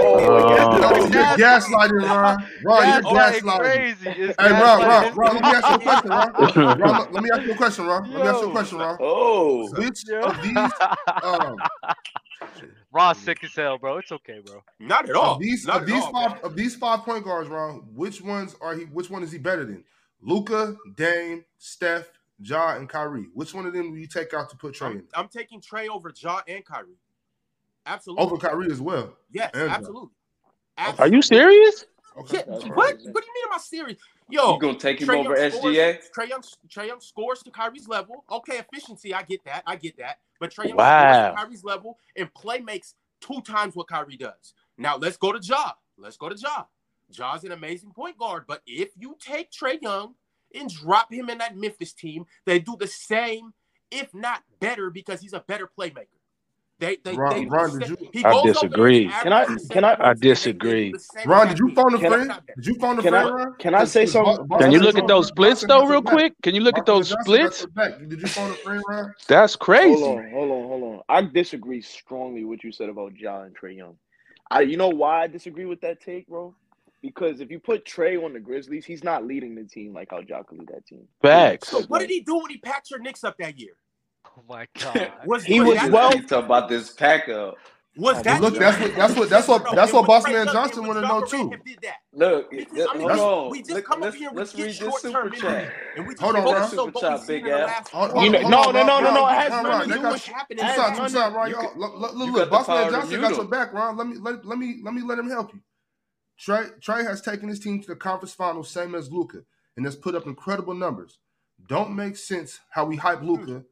[SPEAKER 1] numbers,
[SPEAKER 4] Oh.
[SPEAKER 1] bro.
[SPEAKER 5] Yo,
[SPEAKER 1] It's
[SPEAKER 5] you're gaslighting, Ron. Ron, you're
[SPEAKER 1] That's like
[SPEAKER 5] gaslighting.
[SPEAKER 1] crazy. It's
[SPEAKER 5] Hey, Ron, Ron,
[SPEAKER 1] gaslighting.
[SPEAKER 5] Ron, let me ask you a question, Ron. Ron,
[SPEAKER 4] oh,
[SPEAKER 5] let- let me ask you a question, Ron. Let me ask you a
[SPEAKER 1] Yo.
[SPEAKER 5] question, Ron.
[SPEAKER 3] Oh,
[SPEAKER 5] Which
[SPEAKER 1] Yo.
[SPEAKER 5] of these um
[SPEAKER 1] Ron's sick as hell, bro. It's okay, bro.
[SPEAKER 2] Not at
[SPEAKER 4] Oh.
[SPEAKER 5] of
[SPEAKER 2] all.
[SPEAKER 5] these
[SPEAKER 2] Not
[SPEAKER 5] of
[SPEAKER 2] at
[SPEAKER 5] these
[SPEAKER 2] all,
[SPEAKER 5] five
[SPEAKER 2] bro.
[SPEAKER 5] of these five point guards, Ron, which ones are he which one is he better than? Luca, Dame, Steph, Ja, and Kyrie. Which one of them do you take out to put Trey
[SPEAKER 2] I'm,
[SPEAKER 5] in?
[SPEAKER 2] I'm taking Trey over Ja and Kyrie. Absolutely.
[SPEAKER 5] Over Kyrie as well.
[SPEAKER 2] Yes,
[SPEAKER 5] And Ja.
[SPEAKER 2] absolutely.
[SPEAKER 4] Are
[SPEAKER 2] Absolutely.
[SPEAKER 4] you serious?
[SPEAKER 5] Okay.
[SPEAKER 2] Yeah,
[SPEAKER 6] That's
[SPEAKER 2] what? What do
[SPEAKER 6] crazy.
[SPEAKER 2] you mean? Am I serious?
[SPEAKER 3] you
[SPEAKER 2] Yo,
[SPEAKER 3] gonna take him
[SPEAKER 2] Trey Young
[SPEAKER 3] over
[SPEAKER 2] scores.
[SPEAKER 3] SGA?
[SPEAKER 2] Trey Young, Trey Young scores to Kyrie's level. Okay, efficiency, I get that. I get that. But Trey Young scores to
[SPEAKER 4] Wow.
[SPEAKER 2] Kyrie's level and play makes two times what Kyrie does. Now let's go to Ja. Let's go to Ja. Ja's an amazing point guard, but if you take Trey Young and drop him in that Memphis team, they do the same, if not better, because he's a better playmaker. They, they, they
[SPEAKER 5] Ron,
[SPEAKER 2] do
[SPEAKER 5] Ron,
[SPEAKER 2] the
[SPEAKER 5] did
[SPEAKER 2] same-
[SPEAKER 5] you
[SPEAKER 2] He
[SPEAKER 4] I
[SPEAKER 2] goes over there and
[SPEAKER 4] disagree.
[SPEAKER 6] Can I-
[SPEAKER 2] averages the
[SPEAKER 6] can
[SPEAKER 2] same
[SPEAKER 6] I-
[SPEAKER 4] I
[SPEAKER 2] points, and they, they do
[SPEAKER 4] disagree.
[SPEAKER 2] the same
[SPEAKER 5] Ron, did you
[SPEAKER 2] technique.
[SPEAKER 5] phone a
[SPEAKER 2] That's
[SPEAKER 5] friend?
[SPEAKER 2] not better.
[SPEAKER 5] Did you phone a
[SPEAKER 6] Can I
[SPEAKER 5] friend, Ron?
[SPEAKER 6] can I say something?
[SPEAKER 4] Can
[SPEAKER 5] Boston
[SPEAKER 4] you
[SPEAKER 5] has
[SPEAKER 4] look
[SPEAKER 5] your
[SPEAKER 4] at those
[SPEAKER 5] back.
[SPEAKER 4] splits
[SPEAKER 5] Boston
[SPEAKER 4] though,
[SPEAKER 5] has your
[SPEAKER 4] real
[SPEAKER 5] back.
[SPEAKER 4] quick? Can you look at
[SPEAKER 5] Boston
[SPEAKER 4] those
[SPEAKER 5] has Johnson has
[SPEAKER 4] splits?
[SPEAKER 5] your back. Did you phone a friend, Ron?
[SPEAKER 4] That's
[SPEAKER 6] Hold
[SPEAKER 4] crazy.
[SPEAKER 6] on, hold on, hold on. I disagree strongly with what you said about Ja and Trey Young. I you know why I disagree with that take, bro? Because if you put Trey on the Grizzlies, he's not leading the team like how Ja could lead that team. Period.
[SPEAKER 4] Facts.
[SPEAKER 2] So
[SPEAKER 6] Just
[SPEAKER 2] what
[SPEAKER 6] like
[SPEAKER 2] did he do when he packed your Knicks up that year?
[SPEAKER 1] Oh my god.
[SPEAKER 2] Was
[SPEAKER 6] He
[SPEAKER 2] was
[SPEAKER 6] was
[SPEAKER 3] He
[SPEAKER 2] that
[SPEAKER 6] well-
[SPEAKER 3] he talking about this pack up.
[SPEAKER 2] was
[SPEAKER 4] I
[SPEAKER 5] Well,
[SPEAKER 2] that
[SPEAKER 5] look,
[SPEAKER 2] the
[SPEAKER 5] that's what that's what that's what
[SPEAKER 2] No,
[SPEAKER 5] that's
[SPEAKER 2] and
[SPEAKER 5] what
[SPEAKER 2] would
[SPEAKER 5] Bossman
[SPEAKER 2] Trey Young
[SPEAKER 5] Johnson
[SPEAKER 2] and
[SPEAKER 5] want
[SPEAKER 2] would
[SPEAKER 5] to
[SPEAKER 2] Ja
[SPEAKER 5] know
[SPEAKER 2] Moran
[SPEAKER 5] too.
[SPEAKER 2] have did that?
[SPEAKER 3] Look,
[SPEAKER 2] Because I mean,
[SPEAKER 3] hold
[SPEAKER 5] That's-
[SPEAKER 3] on.
[SPEAKER 2] we just
[SPEAKER 3] Look,
[SPEAKER 2] come up
[SPEAKER 3] let's
[SPEAKER 2] here and we
[SPEAKER 3] let's
[SPEAKER 2] get
[SPEAKER 3] read this
[SPEAKER 2] short
[SPEAKER 3] super
[SPEAKER 2] term memory,
[SPEAKER 3] chat.
[SPEAKER 2] and we just
[SPEAKER 5] Hold on, Ron.
[SPEAKER 2] focus
[SPEAKER 3] Super
[SPEAKER 2] on what we've
[SPEAKER 3] chat,
[SPEAKER 2] seen
[SPEAKER 3] big
[SPEAKER 2] in the
[SPEAKER 3] app.
[SPEAKER 2] last
[SPEAKER 5] Hold,
[SPEAKER 2] four
[SPEAKER 5] hold,
[SPEAKER 6] you know,
[SPEAKER 5] on,
[SPEAKER 2] years.
[SPEAKER 5] hold
[SPEAKER 6] no,
[SPEAKER 5] on,
[SPEAKER 6] no,
[SPEAKER 5] Ron,
[SPEAKER 6] no, no, no. It
[SPEAKER 5] Ron,
[SPEAKER 6] has
[SPEAKER 5] Ron,
[SPEAKER 6] nothing
[SPEAKER 5] Ron.
[SPEAKER 6] to
[SPEAKER 5] They
[SPEAKER 6] do
[SPEAKER 5] got
[SPEAKER 6] with
[SPEAKER 5] you.
[SPEAKER 2] Happened in
[SPEAKER 6] it
[SPEAKER 2] the
[SPEAKER 5] Two
[SPEAKER 6] has
[SPEAKER 5] time,
[SPEAKER 2] past
[SPEAKER 5] two time,
[SPEAKER 6] none.
[SPEAKER 2] year.
[SPEAKER 5] Ron.
[SPEAKER 3] You
[SPEAKER 5] Y'all,
[SPEAKER 3] could
[SPEAKER 5] look, look,
[SPEAKER 3] you
[SPEAKER 5] look, look.
[SPEAKER 3] got the
[SPEAKER 5] Boss man
[SPEAKER 3] power to
[SPEAKER 5] Johnson
[SPEAKER 3] mute
[SPEAKER 5] got your
[SPEAKER 3] him.
[SPEAKER 5] back, Ron. Let me, let, let me, let me let him help you. Trey, Trey has taken his team to the conference finals, same as Luca, and has put up incredible numbers. Don't make sense how we hype Luca,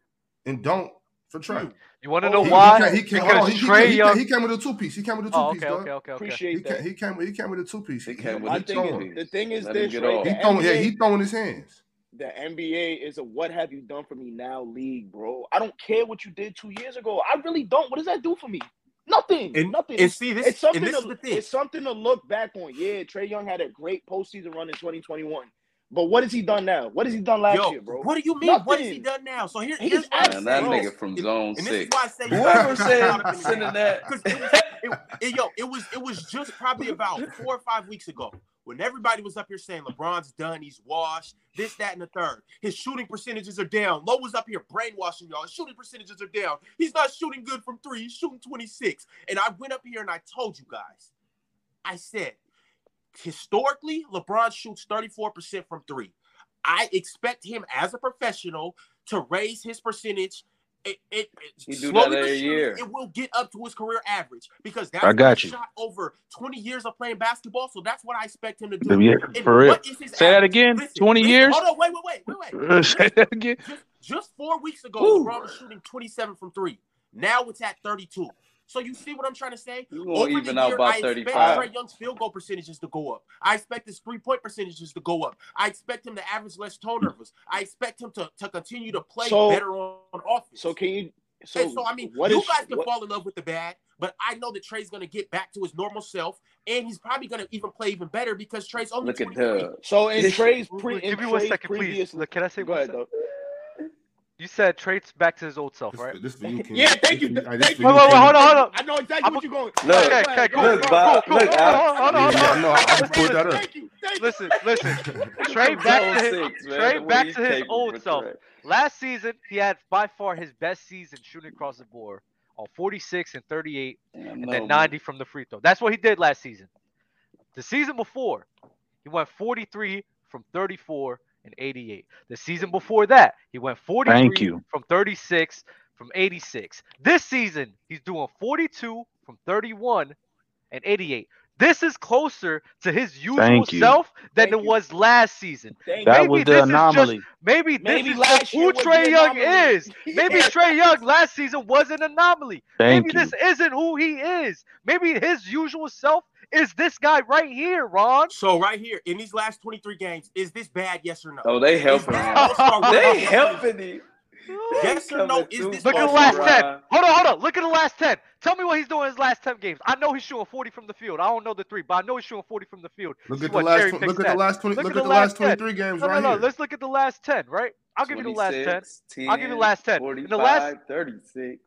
[SPEAKER 5] and don't for Trey.
[SPEAKER 2] Hmm.
[SPEAKER 1] You want to know
[SPEAKER 6] Hold
[SPEAKER 5] Oh, He,
[SPEAKER 1] why?
[SPEAKER 5] he came, he
[SPEAKER 6] on,
[SPEAKER 5] came,
[SPEAKER 6] hold on.
[SPEAKER 1] Because
[SPEAKER 5] hold on, he, he,
[SPEAKER 1] Trey
[SPEAKER 5] came, he, came,
[SPEAKER 1] Young.
[SPEAKER 5] he came with a two piece. He came with a two
[SPEAKER 1] Oh,
[SPEAKER 5] piece,
[SPEAKER 1] okay,
[SPEAKER 5] dog.
[SPEAKER 1] okay, okay, okay.
[SPEAKER 5] He
[SPEAKER 6] Appreciate
[SPEAKER 5] came,
[SPEAKER 6] that.
[SPEAKER 5] he came, with- he came with a two piece. He,
[SPEAKER 3] They
[SPEAKER 5] he,
[SPEAKER 3] came with
[SPEAKER 5] he
[SPEAKER 6] My
[SPEAKER 3] a two
[SPEAKER 6] thing is,
[SPEAKER 5] throwing,
[SPEAKER 6] the
[SPEAKER 3] piece.
[SPEAKER 6] thing is
[SPEAKER 3] Let him
[SPEAKER 6] this,
[SPEAKER 3] get
[SPEAKER 6] right?
[SPEAKER 3] off.
[SPEAKER 6] The
[SPEAKER 5] he throwing, yeah,
[SPEAKER 6] NBA,
[SPEAKER 5] he throwing his hands.
[SPEAKER 6] the NBA is a "What have you done for me now?" league, bro. I don't care what you did two years ago. I really don't. What does that do for me? Nothing.
[SPEAKER 2] And
[SPEAKER 6] Nothing.
[SPEAKER 2] and
[SPEAKER 6] It's,
[SPEAKER 2] see this
[SPEAKER 6] it's
[SPEAKER 2] and
[SPEAKER 6] something.
[SPEAKER 2] this is
[SPEAKER 6] To,
[SPEAKER 2] the thing.
[SPEAKER 6] it's something to look back on. Yeah, Trey Young had a great postseason run in 2021, but what has he done now? What has he done last
[SPEAKER 2] Yo,
[SPEAKER 6] year, bro?
[SPEAKER 2] what do you mean? What has he done
[SPEAKER 6] Nothing.
[SPEAKER 2] now? So here,
[SPEAKER 6] He's
[SPEAKER 2] here's why I
[SPEAKER 3] Man, that
[SPEAKER 2] say
[SPEAKER 6] absent,
[SPEAKER 2] this,
[SPEAKER 3] nigga
[SPEAKER 6] bro.
[SPEAKER 3] from
[SPEAKER 2] and,
[SPEAKER 3] zone
[SPEAKER 2] and this is
[SPEAKER 3] six.
[SPEAKER 2] why I say you guys
[SPEAKER 3] Whoever
[SPEAKER 2] get
[SPEAKER 3] said
[SPEAKER 2] caught up in the
[SPEAKER 3] sending
[SPEAKER 2] Knicks
[SPEAKER 3] that,
[SPEAKER 2] because it was, it, it- yo, it was, it was just probably about four or five weeks ago when everybody was up here saying LeBron's done, he's washed, this, that, and the third. His shooting percentages are down. Lowe was up here brainwashing y'all. His shooting percentages are down. He's not shooting good from three. He's shooting 26. And I went up here and I told you guys, I said, historically, LeBron shoots 34% from three. I expect him as a professional to raise his percentage. It, it,
[SPEAKER 3] He
[SPEAKER 2] it
[SPEAKER 3] do
[SPEAKER 2] slowly
[SPEAKER 3] that
[SPEAKER 2] but
[SPEAKER 3] every
[SPEAKER 2] surely,
[SPEAKER 3] year.
[SPEAKER 2] It will get up to his career average because that's
[SPEAKER 4] I got
[SPEAKER 2] what he
[SPEAKER 4] you.
[SPEAKER 2] shot over 20 years of playing basketball. So that's what I expect him to do.
[SPEAKER 4] Yeah,
[SPEAKER 2] And
[SPEAKER 4] for real.
[SPEAKER 2] what is his
[SPEAKER 4] Say that
[SPEAKER 2] average?
[SPEAKER 4] again.
[SPEAKER 2] Listen,
[SPEAKER 4] Twenty
[SPEAKER 2] listen,
[SPEAKER 4] years.
[SPEAKER 2] Hold on, wait, wait, wait, wait, wait.
[SPEAKER 4] Say that again.
[SPEAKER 2] Just, just four weeks ago,
[SPEAKER 3] Woo.
[SPEAKER 2] LeBron was shooting 27 from three. Now it's at 32. So you see what I'm trying to say?
[SPEAKER 3] You
[SPEAKER 2] Over
[SPEAKER 3] gonna
[SPEAKER 2] the
[SPEAKER 3] even out
[SPEAKER 2] year, I
[SPEAKER 3] by
[SPEAKER 2] expect
[SPEAKER 3] thirty five?
[SPEAKER 2] Trae Young's field goal percentages to go up. I expect his three point percentages to go up. I expect him to average less turnovers. I expect him to, to continue to play
[SPEAKER 6] So-
[SPEAKER 2] better on, on offense.
[SPEAKER 6] So can you? So,
[SPEAKER 2] and so I mean,
[SPEAKER 6] what
[SPEAKER 2] you
[SPEAKER 6] is-
[SPEAKER 2] guys can
[SPEAKER 6] what-
[SPEAKER 2] fall in love with the bad, but I know that Trey's gonna get back to his normal self, and he's probably gonna even play even better because Trey's only
[SPEAKER 3] Look at
[SPEAKER 2] 23.
[SPEAKER 3] Dub.
[SPEAKER 6] So in
[SPEAKER 3] This-
[SPEAKER 6] Trey's
[SPEAKER 1] Wait,
[SPEAKER 6] pre,
[SPEAKER 1] wait,
[SPEAKER 6] in
[SPEAKER 1] give me one
[SPEAKER 6] Trey's
[SPEAKER 1] second,
[SPEAKER 6] previous,
[SPEAKER 1] please. Look, can I say
[SPEAKER 6] go
[SPEAKER 1] one
[SPEAKER 6] ahead,
[SPEAKER 1] second?
[SPEAKER 6] though.
[SPEAKER 1] You said traits back to his old self,
[SPEAKER 5] This,
[SPEAKER 1] right?
[SPEAKER 5] this for you, King.
[SPEAKER 6] Yeah, thank you.
[SPEAKER 5] This for All right,
[SPEAKER 6] Thank
[SPEAKER 5] this
[SPEAKER 6] you.
[SPEAKER 5] for
[SPEAKER 1] Wait, wait,
[SPEAKER 5] King.
[SPEAKER 1] wait, hold on, hold on.
[SPEAKER 6] I know exactly what you're going.
[SPEAKER 3] Look,
[SPEAKER 1] Okay,
[SPEAKER 6] Go
[SPEAKER 1] okay,
[SPEAKER 6] ahead,
[SPEAKER 1] cool,
[SPEAKER 6] go
[SPEAKER 1] cool,
[SPEAKER 6] ahead,
[SPEAKER 1] cool,
[SPEAKER 3] look, Bob,
[SPEAKER 6] go ahead.
[SPEAKER 1] cool.
[SPEAKER 3] look,
[SPEAKER 1] Hold on, hold on, hold
[SPEAKER 5] Yeah, I
[SPEAKER 1] on.
[SPEAKER 5] know. I, I pulled that up.
[SPEAKER 6] Thank you. Thank you.
[SPEAKER 1] Listen, listen. Trey back to his,
[SPEAKER 3] 206, man,
[SPEAKER 1] Trey
[SPEAKER 3] the way
[SPEAKER 1] back
[SPEAKER 3] he's
[SPEAKER 1] to his
[SPEAKER 3] capable
[SPEAKER 1] old
[SPEAKER 3] with
[SPEAKER 1] self.
[SPEAKER 3] Trey.
[SPEAKER 1] Last season, he had by far his best season shooting across the board on 46 and 38
[SPEAKER 3] Damn,
[SPEAKER 1] and
[SPEAKER 6] Oh,
[SPEAKER 3] no,
[SPEAKER 1] then
[SPEAKER 3] man.
[SPEAKER 1] 90 from the free throw. That's what he did last season. The season before, he went 43 from 34 and 88. The season before that, he went 43
[SPEAKER 4] Thank you.
[SPEAKER 1] from 36 from 86. This season, he's doing 42 from 31 and 88. This is closer to his usual
[SPEAKER 4] Thank you.
[SPEAKER 1] self than
[SPEAKER 6] Thank
[SPEAKER 1] it
[SPEAKER 6] you.
[SPEAKER 1] was last season.
[SPEAKER 6] Thank you.
[SPEAKER 4] That
[SPEAKER 1] Maybe
[SPEAKER 4] was
[SPEAKER 1] this
[SPEAKER 4] the
[SPEAKER 1] is just-
[SPEAKER 4] anomaly.
[SPEAKER 1] Maybe this
[SPEAKER 6] Maybe
[SPEAKER 1] is
[SPEAKER 6] last
[SPEAKER 1] just
[SPEAKER 6] year
[SPEAKER 1] who
[SPEAKER 6] was
[SPEAKER 1] Trey
[SPEAKER 6] the
[SPEAKER 1] Young
[SPEAKER 6] anomaly.
[SPEAKER 1] is. Maybe Trey Young last season was an anomaly.
[SPEAKER 4] Thank
[SPEAKER 1] Maybe
[SPEAKER 4] you.
[SPEAKER 1] this isn't who he is. Maybe his usual self is this guy right here, Ron.
[SPEAKER 2] So right here in these last 23 games, is this bad? Yes or no?
[SPEAKER 3] Oh, they helping
[SPEAKER 2] Is this
[SPEAKER 3] him.
[SPEAKER 2] all-star
[SPEAKER 3] They
[SPEAKER 2] winning?
[SPEAKER 3] helping him.
[SPEAKER 2] Yes or no? Is this
[SPEAKER 1] Look at the
[SPEAKER 2] all-star
[SPEAKER 1] last
[SPEAKER 2] winning?
[SPEAKER 1] ten. Hold on, hold on. Look at the last ten. Tell me what he's doing in his last ten games. I know he's shooting 40 from the field. I don't know the three, but I know he's shooting 40 from the field.
[SPEAKER 5] Look
[SPEAKER 1] This is
[SPEAKER 5] at the
[SPEAKER 1] what
[SPEAKER 5] last.
[SPEAKER 1] cherry
[SPEAKER 5] twen-
[SPEAKER 1] picks
[SPEAKER 5] Look at
[SPEAKER 1] that.
[SPEAKER 5] the last twenty.
[SPEAKER 1] Look
[SPEAKER 5] Look,
[SPEAKER 1] at the
[SPEAKER 5] at the
[SPEAKER 1] last
[SPEAKER 5] last
[SPEAKER 1] 10.
[SPEAKER 5] twenty-three games
[SPEAKER 1] No, no,
[SPEAKER 5] right
[SPEAKER 1] no.
[SPEAKER 5] here.
[SPEAKER 1] Let's look at the last ten, right? I'll give you the last ten.
[SPEAKER 3] 26,
[SPEAKER 1] I'll give you the last 10. In the
[SPEAKER 3] 45,
[SPEAKER 1] last-
[SPEAKER 3] 36.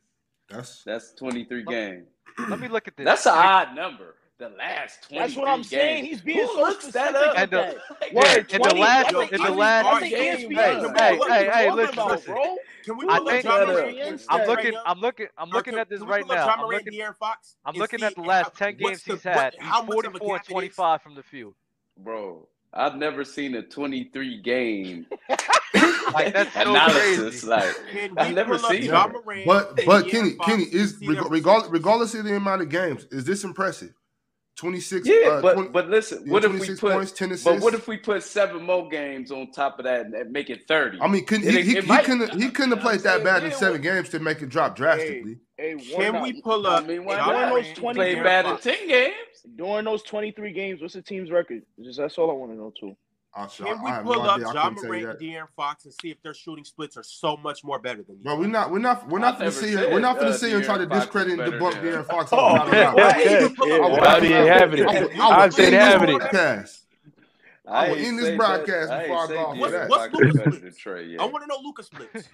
[SPEAKER 5] That's
[SPEAKER 3] That's 23
[SPEAKER 1] Let me-
[SPEAKER 3] games.
[SPEAKER 1] Let me look at this.
[SPEAKER 3] That's an odd number. The last 23
[SPEAKER 6] That's what I'm saying.
[SPEAKER 3] games.
[SPEAKER 6] He's being
[SPEAKER 3] Who
[SPEAKER 6] so
[SPEAKER 3] looks that
[SPEAKER 6] specific
[SPEAKER 3] up?
[SPEAKER 1] And the-
[SPEAKER 3] Like,
[SPEAKER 6] Word,
[SPEAKER 1] in the
[SPEAKER 6] 20.
[SPEAKER 1] last-
[SPEAKER 6] That's what
[SPEAKER 1] in the
[SPEAKER 6] ESPN
[SPEAKER 1] last-
[SPEAKER 6] that's what
[SPEAKER 3] Hey,
[SPEAKER 6] ESPN
[SPEAKER 1] hey,
[SPEAKER 6] what
[SPEAKER 1] hey,
[SPEAKER 6] we
[SPEAKER 1] hey,
[SPEAKER 6] talking
[SPEAKER 1] listen,
[SPEAKER 6] about,
[SPEAKER 1] listen.
[SPEAKER 6] bro.
[SPEAKER 2] Can we
[SPEAKER 1] I
[SPEAKER 2] pull up
[SPEAKER 1] think- uh,
[SPEAKER 2] John
[SPEAKER 3] Shut
[SPEAKER 2] Morant?
[SPEAKER 3] up.
[SPEAKER 2] and
[SPEAKER 6] I'm
[SPEAKER 1] I'm
[SPEAKER 2] Trey
[SPEAKER 1] looking.
[SPEAKER 2] Young?
[SPEAKER 1] I'm looking. I'm
[SPEAKER 2] Or
[SPEAKER 1] looking
[SPEAKER 2] can-
[SPEAKER 1] at this
[SPEAKER 2] can we
[SPEAKER 1] right
[SPEAKER 2] pull up
[SPEAKER 1] now.
[SPEAKER 2] John
[SPEAKER 1] I'm
[SPEAKER 2] Morant,
[SPEAKER 1] looking.
[SPEAKER 2] De'Aaron Fox,
[SPEAKER 1] I'm
[SPEAKER 2] and
[SPEAKER 1] looking
[SPEAKER 2] see
[SPEAKER 1] at the last
[SPEAKER 2] how-
[SPEAKER 1] ten games
[SPEAKER 2] what's the-
[SPEAKER 1] he's had.
[SPEAKER 2] what-
[SPEAKER 1] He's
[SPEAKER 2] how much of a
[SPEAKER 1] 44 and
[SPEAKER 2] gap it is?
[SPEAKER 1] 25 from the field.
[SPEAKER 3] Bro, I've never seen a 23 game
[SPEAKER 1] Like that's so
[SPEAKER 3] analysis.
[SPEAKER 1] crazy.
[SPEAKER 3] Like,
[SPEAKER 2] Can
[SPEAKER 3] I've
[SPEAKER 2] we
[SPEAKER 3] never
[SPEAKER 2] pull up
[SPEAKER 3] seen
[SPEAKER 2] John
[SPEAKER 3] it.
[SPEAKER 2] Morant
[SPEAKER 5] But
[SPEAKER 2] and
[SPEAKER 5] but
[SPEAKER 2] De'Aaron
[SPEAKER 5] Kenny
[SPEAKER 2] Fox
[SPEAKER 5] Kenny
[SPEAKER 2] and
[SPEAKER 5] is
[SPEAKER 2] see their
[SPEAKER 5] regardless
[SPEAKER 2] percentages?
[SPEAKER 5] regardless of the amount of games, is this impressive? Twenty six.
[SPEAKER 3] Yeah,
[SPEAKER 5] uh,
[SPEAKER 3] but
[SPEAKER 5] 20,
[SPEAKER 3] but listen,
[SPEAKER 5] yeah,
[SPEAKER 3] what if we
[SPEAKER 5] 26
[SPEAKER 3] put
[SPEAKER 5] points, 10
[SPEAKER 3] but what
[SPEAKER 5] assists.
[SPEAKER 3] if we put seven more games on top of that and, and make it 30?
[SPEAKER 5] I mean, couldn't,
[SPEAKER 3] It-
[SPEAKER 5] he,
[SPEAKER 3] it
[SPEAKER 5] he, he
[SPEAKER 3] might-
[SPEAKER 5] couldn't he couldn't have
[SPEAKER 3] I'm
[SPEAKER 5] played that
[SPEAKER 3] saying,
[SPEAKER 5] bad in
[SPEAKER 6] yeah,
[SPEAKER 5] seven
[SPEAKER 6] what-
[SPEAKER 5] games to make it drop drastically.
[SPEAKER 6] Hey,
[SPEAKER 2] Can we pull
[SPEAKER 3] I
[SPEAKER 2] up
[SPEAKER 3] mean, why
[SPEAKER 6] Hey,
[SPEAKER 2] John
[SPEAKER 3] not?
[SPEAKER 6] during
[SPEAKER 2] Morant
[SPEAKER 6] those
[SPEAKER 3] He
[SPEAKER 2] and
[SPEAKER 6] 20
[SPEAKER 3] played
[SPEAKER 6] games-
[SPEAKER 2] De'Aaron
[SPEAKER 3] bad in
[SPEAKER 2] Fox?
[SPEAKER 3] 10 games.
[SPEAKER 6] during those 23 games, what's the team's record? Just that's all I want to know too.
[SPEAKER 5] I, sh-
[SPEAKER 2] Can we
[SPEAKER 5] I have no
[SPEAKER 2] pull
[SPEAKER 5] idea.
[SPEAKER 2] up
[SPEAKER 5] I
[SPEAKER 2] John
[SPEAKER 5] couldn't tell
[SPEAKER 2] Morant
[SPEAKER 5] you
[SPEAKER 2] and
[SPEAKER 5] that.
[SPEAKER 2] De'Aaron Fox and see if their shooting splits are so much more better than
[SPEAKER 5] Bro,
[SPEAKER 2] you?
[SPEAKER 5] we're not we're not we're not
[SPEAKER 3] I've
[SPEAKER 5] gonna
[SPEAKER 3] never
[SPEAKER 5] sit here. We're
[SPEAKER 3] said,
[SPEAKER 5] not gonna
[SPEAKER 3] uh,
[SPEAKER 5] sit here and try
[SPEAKER 3] De'Aaron
[SPEAKER 5] to
[SPEAKER 3] Fox is
[SPEAKER 5] discredit and
[SPEAKER 3] better
[SPEAKER 5] debunk
[SPEAKER 3] than-
[SPEAKER 5] De'Aaron Fox.
[SPEAKER 6] Oh,
[SPEAKER 5] Not at all.
[SPEAKER 2] Why did you pull
[SPEAKER 5] I
[SPEAKER 2] up
[SPEAKER 5] will
[SPEAKER 4] I
[SPEAKER 5] end
[SPEAKER 2] John
[SPEAKER 4] didn't
[SPEAKER 5] this,
[SPEAKER 2] Morant?
[SPEAKER 4] have
[SPEAKER 5] I
[SPEAKER 4] it.
[SPEAKER 5] will,
[SPEAKER 2] and Luka Doncic are better than
[SPEAKER 5] I will end this podcast. I will
[SPEAKER 3] I
[SPEAKER 4] I said have it.
[SPEAKER 3] ain't
[SPEAKER 5] end this
[SPEAKER 3] say that.
[SPEAKER 5] broadcast
[SPEAKER 3] I
[SPEAKER 5] before
[SPEAKER 3] ain't
[SPEAKER 5] I
[SPEAKER 3] say
[SPEAKER 5] go off of
[SPEAKER 3] De'Aaron
[SPEAKER 5] that.
[SPEAKER 2] What's-
[SPEAKER 3] Fox
[SPEAKER 2] what's
[SPEAKER 3] is better
[SPEAKER 2] Luka's
[SPEAKER 3] than
[SPEAKER 2] splits?
[SPEAKER 3] Trey.
[SPEAKER 2] I
[SPEAKER 3] Yeah.
[SPEAKER 2] want to know Luca splits.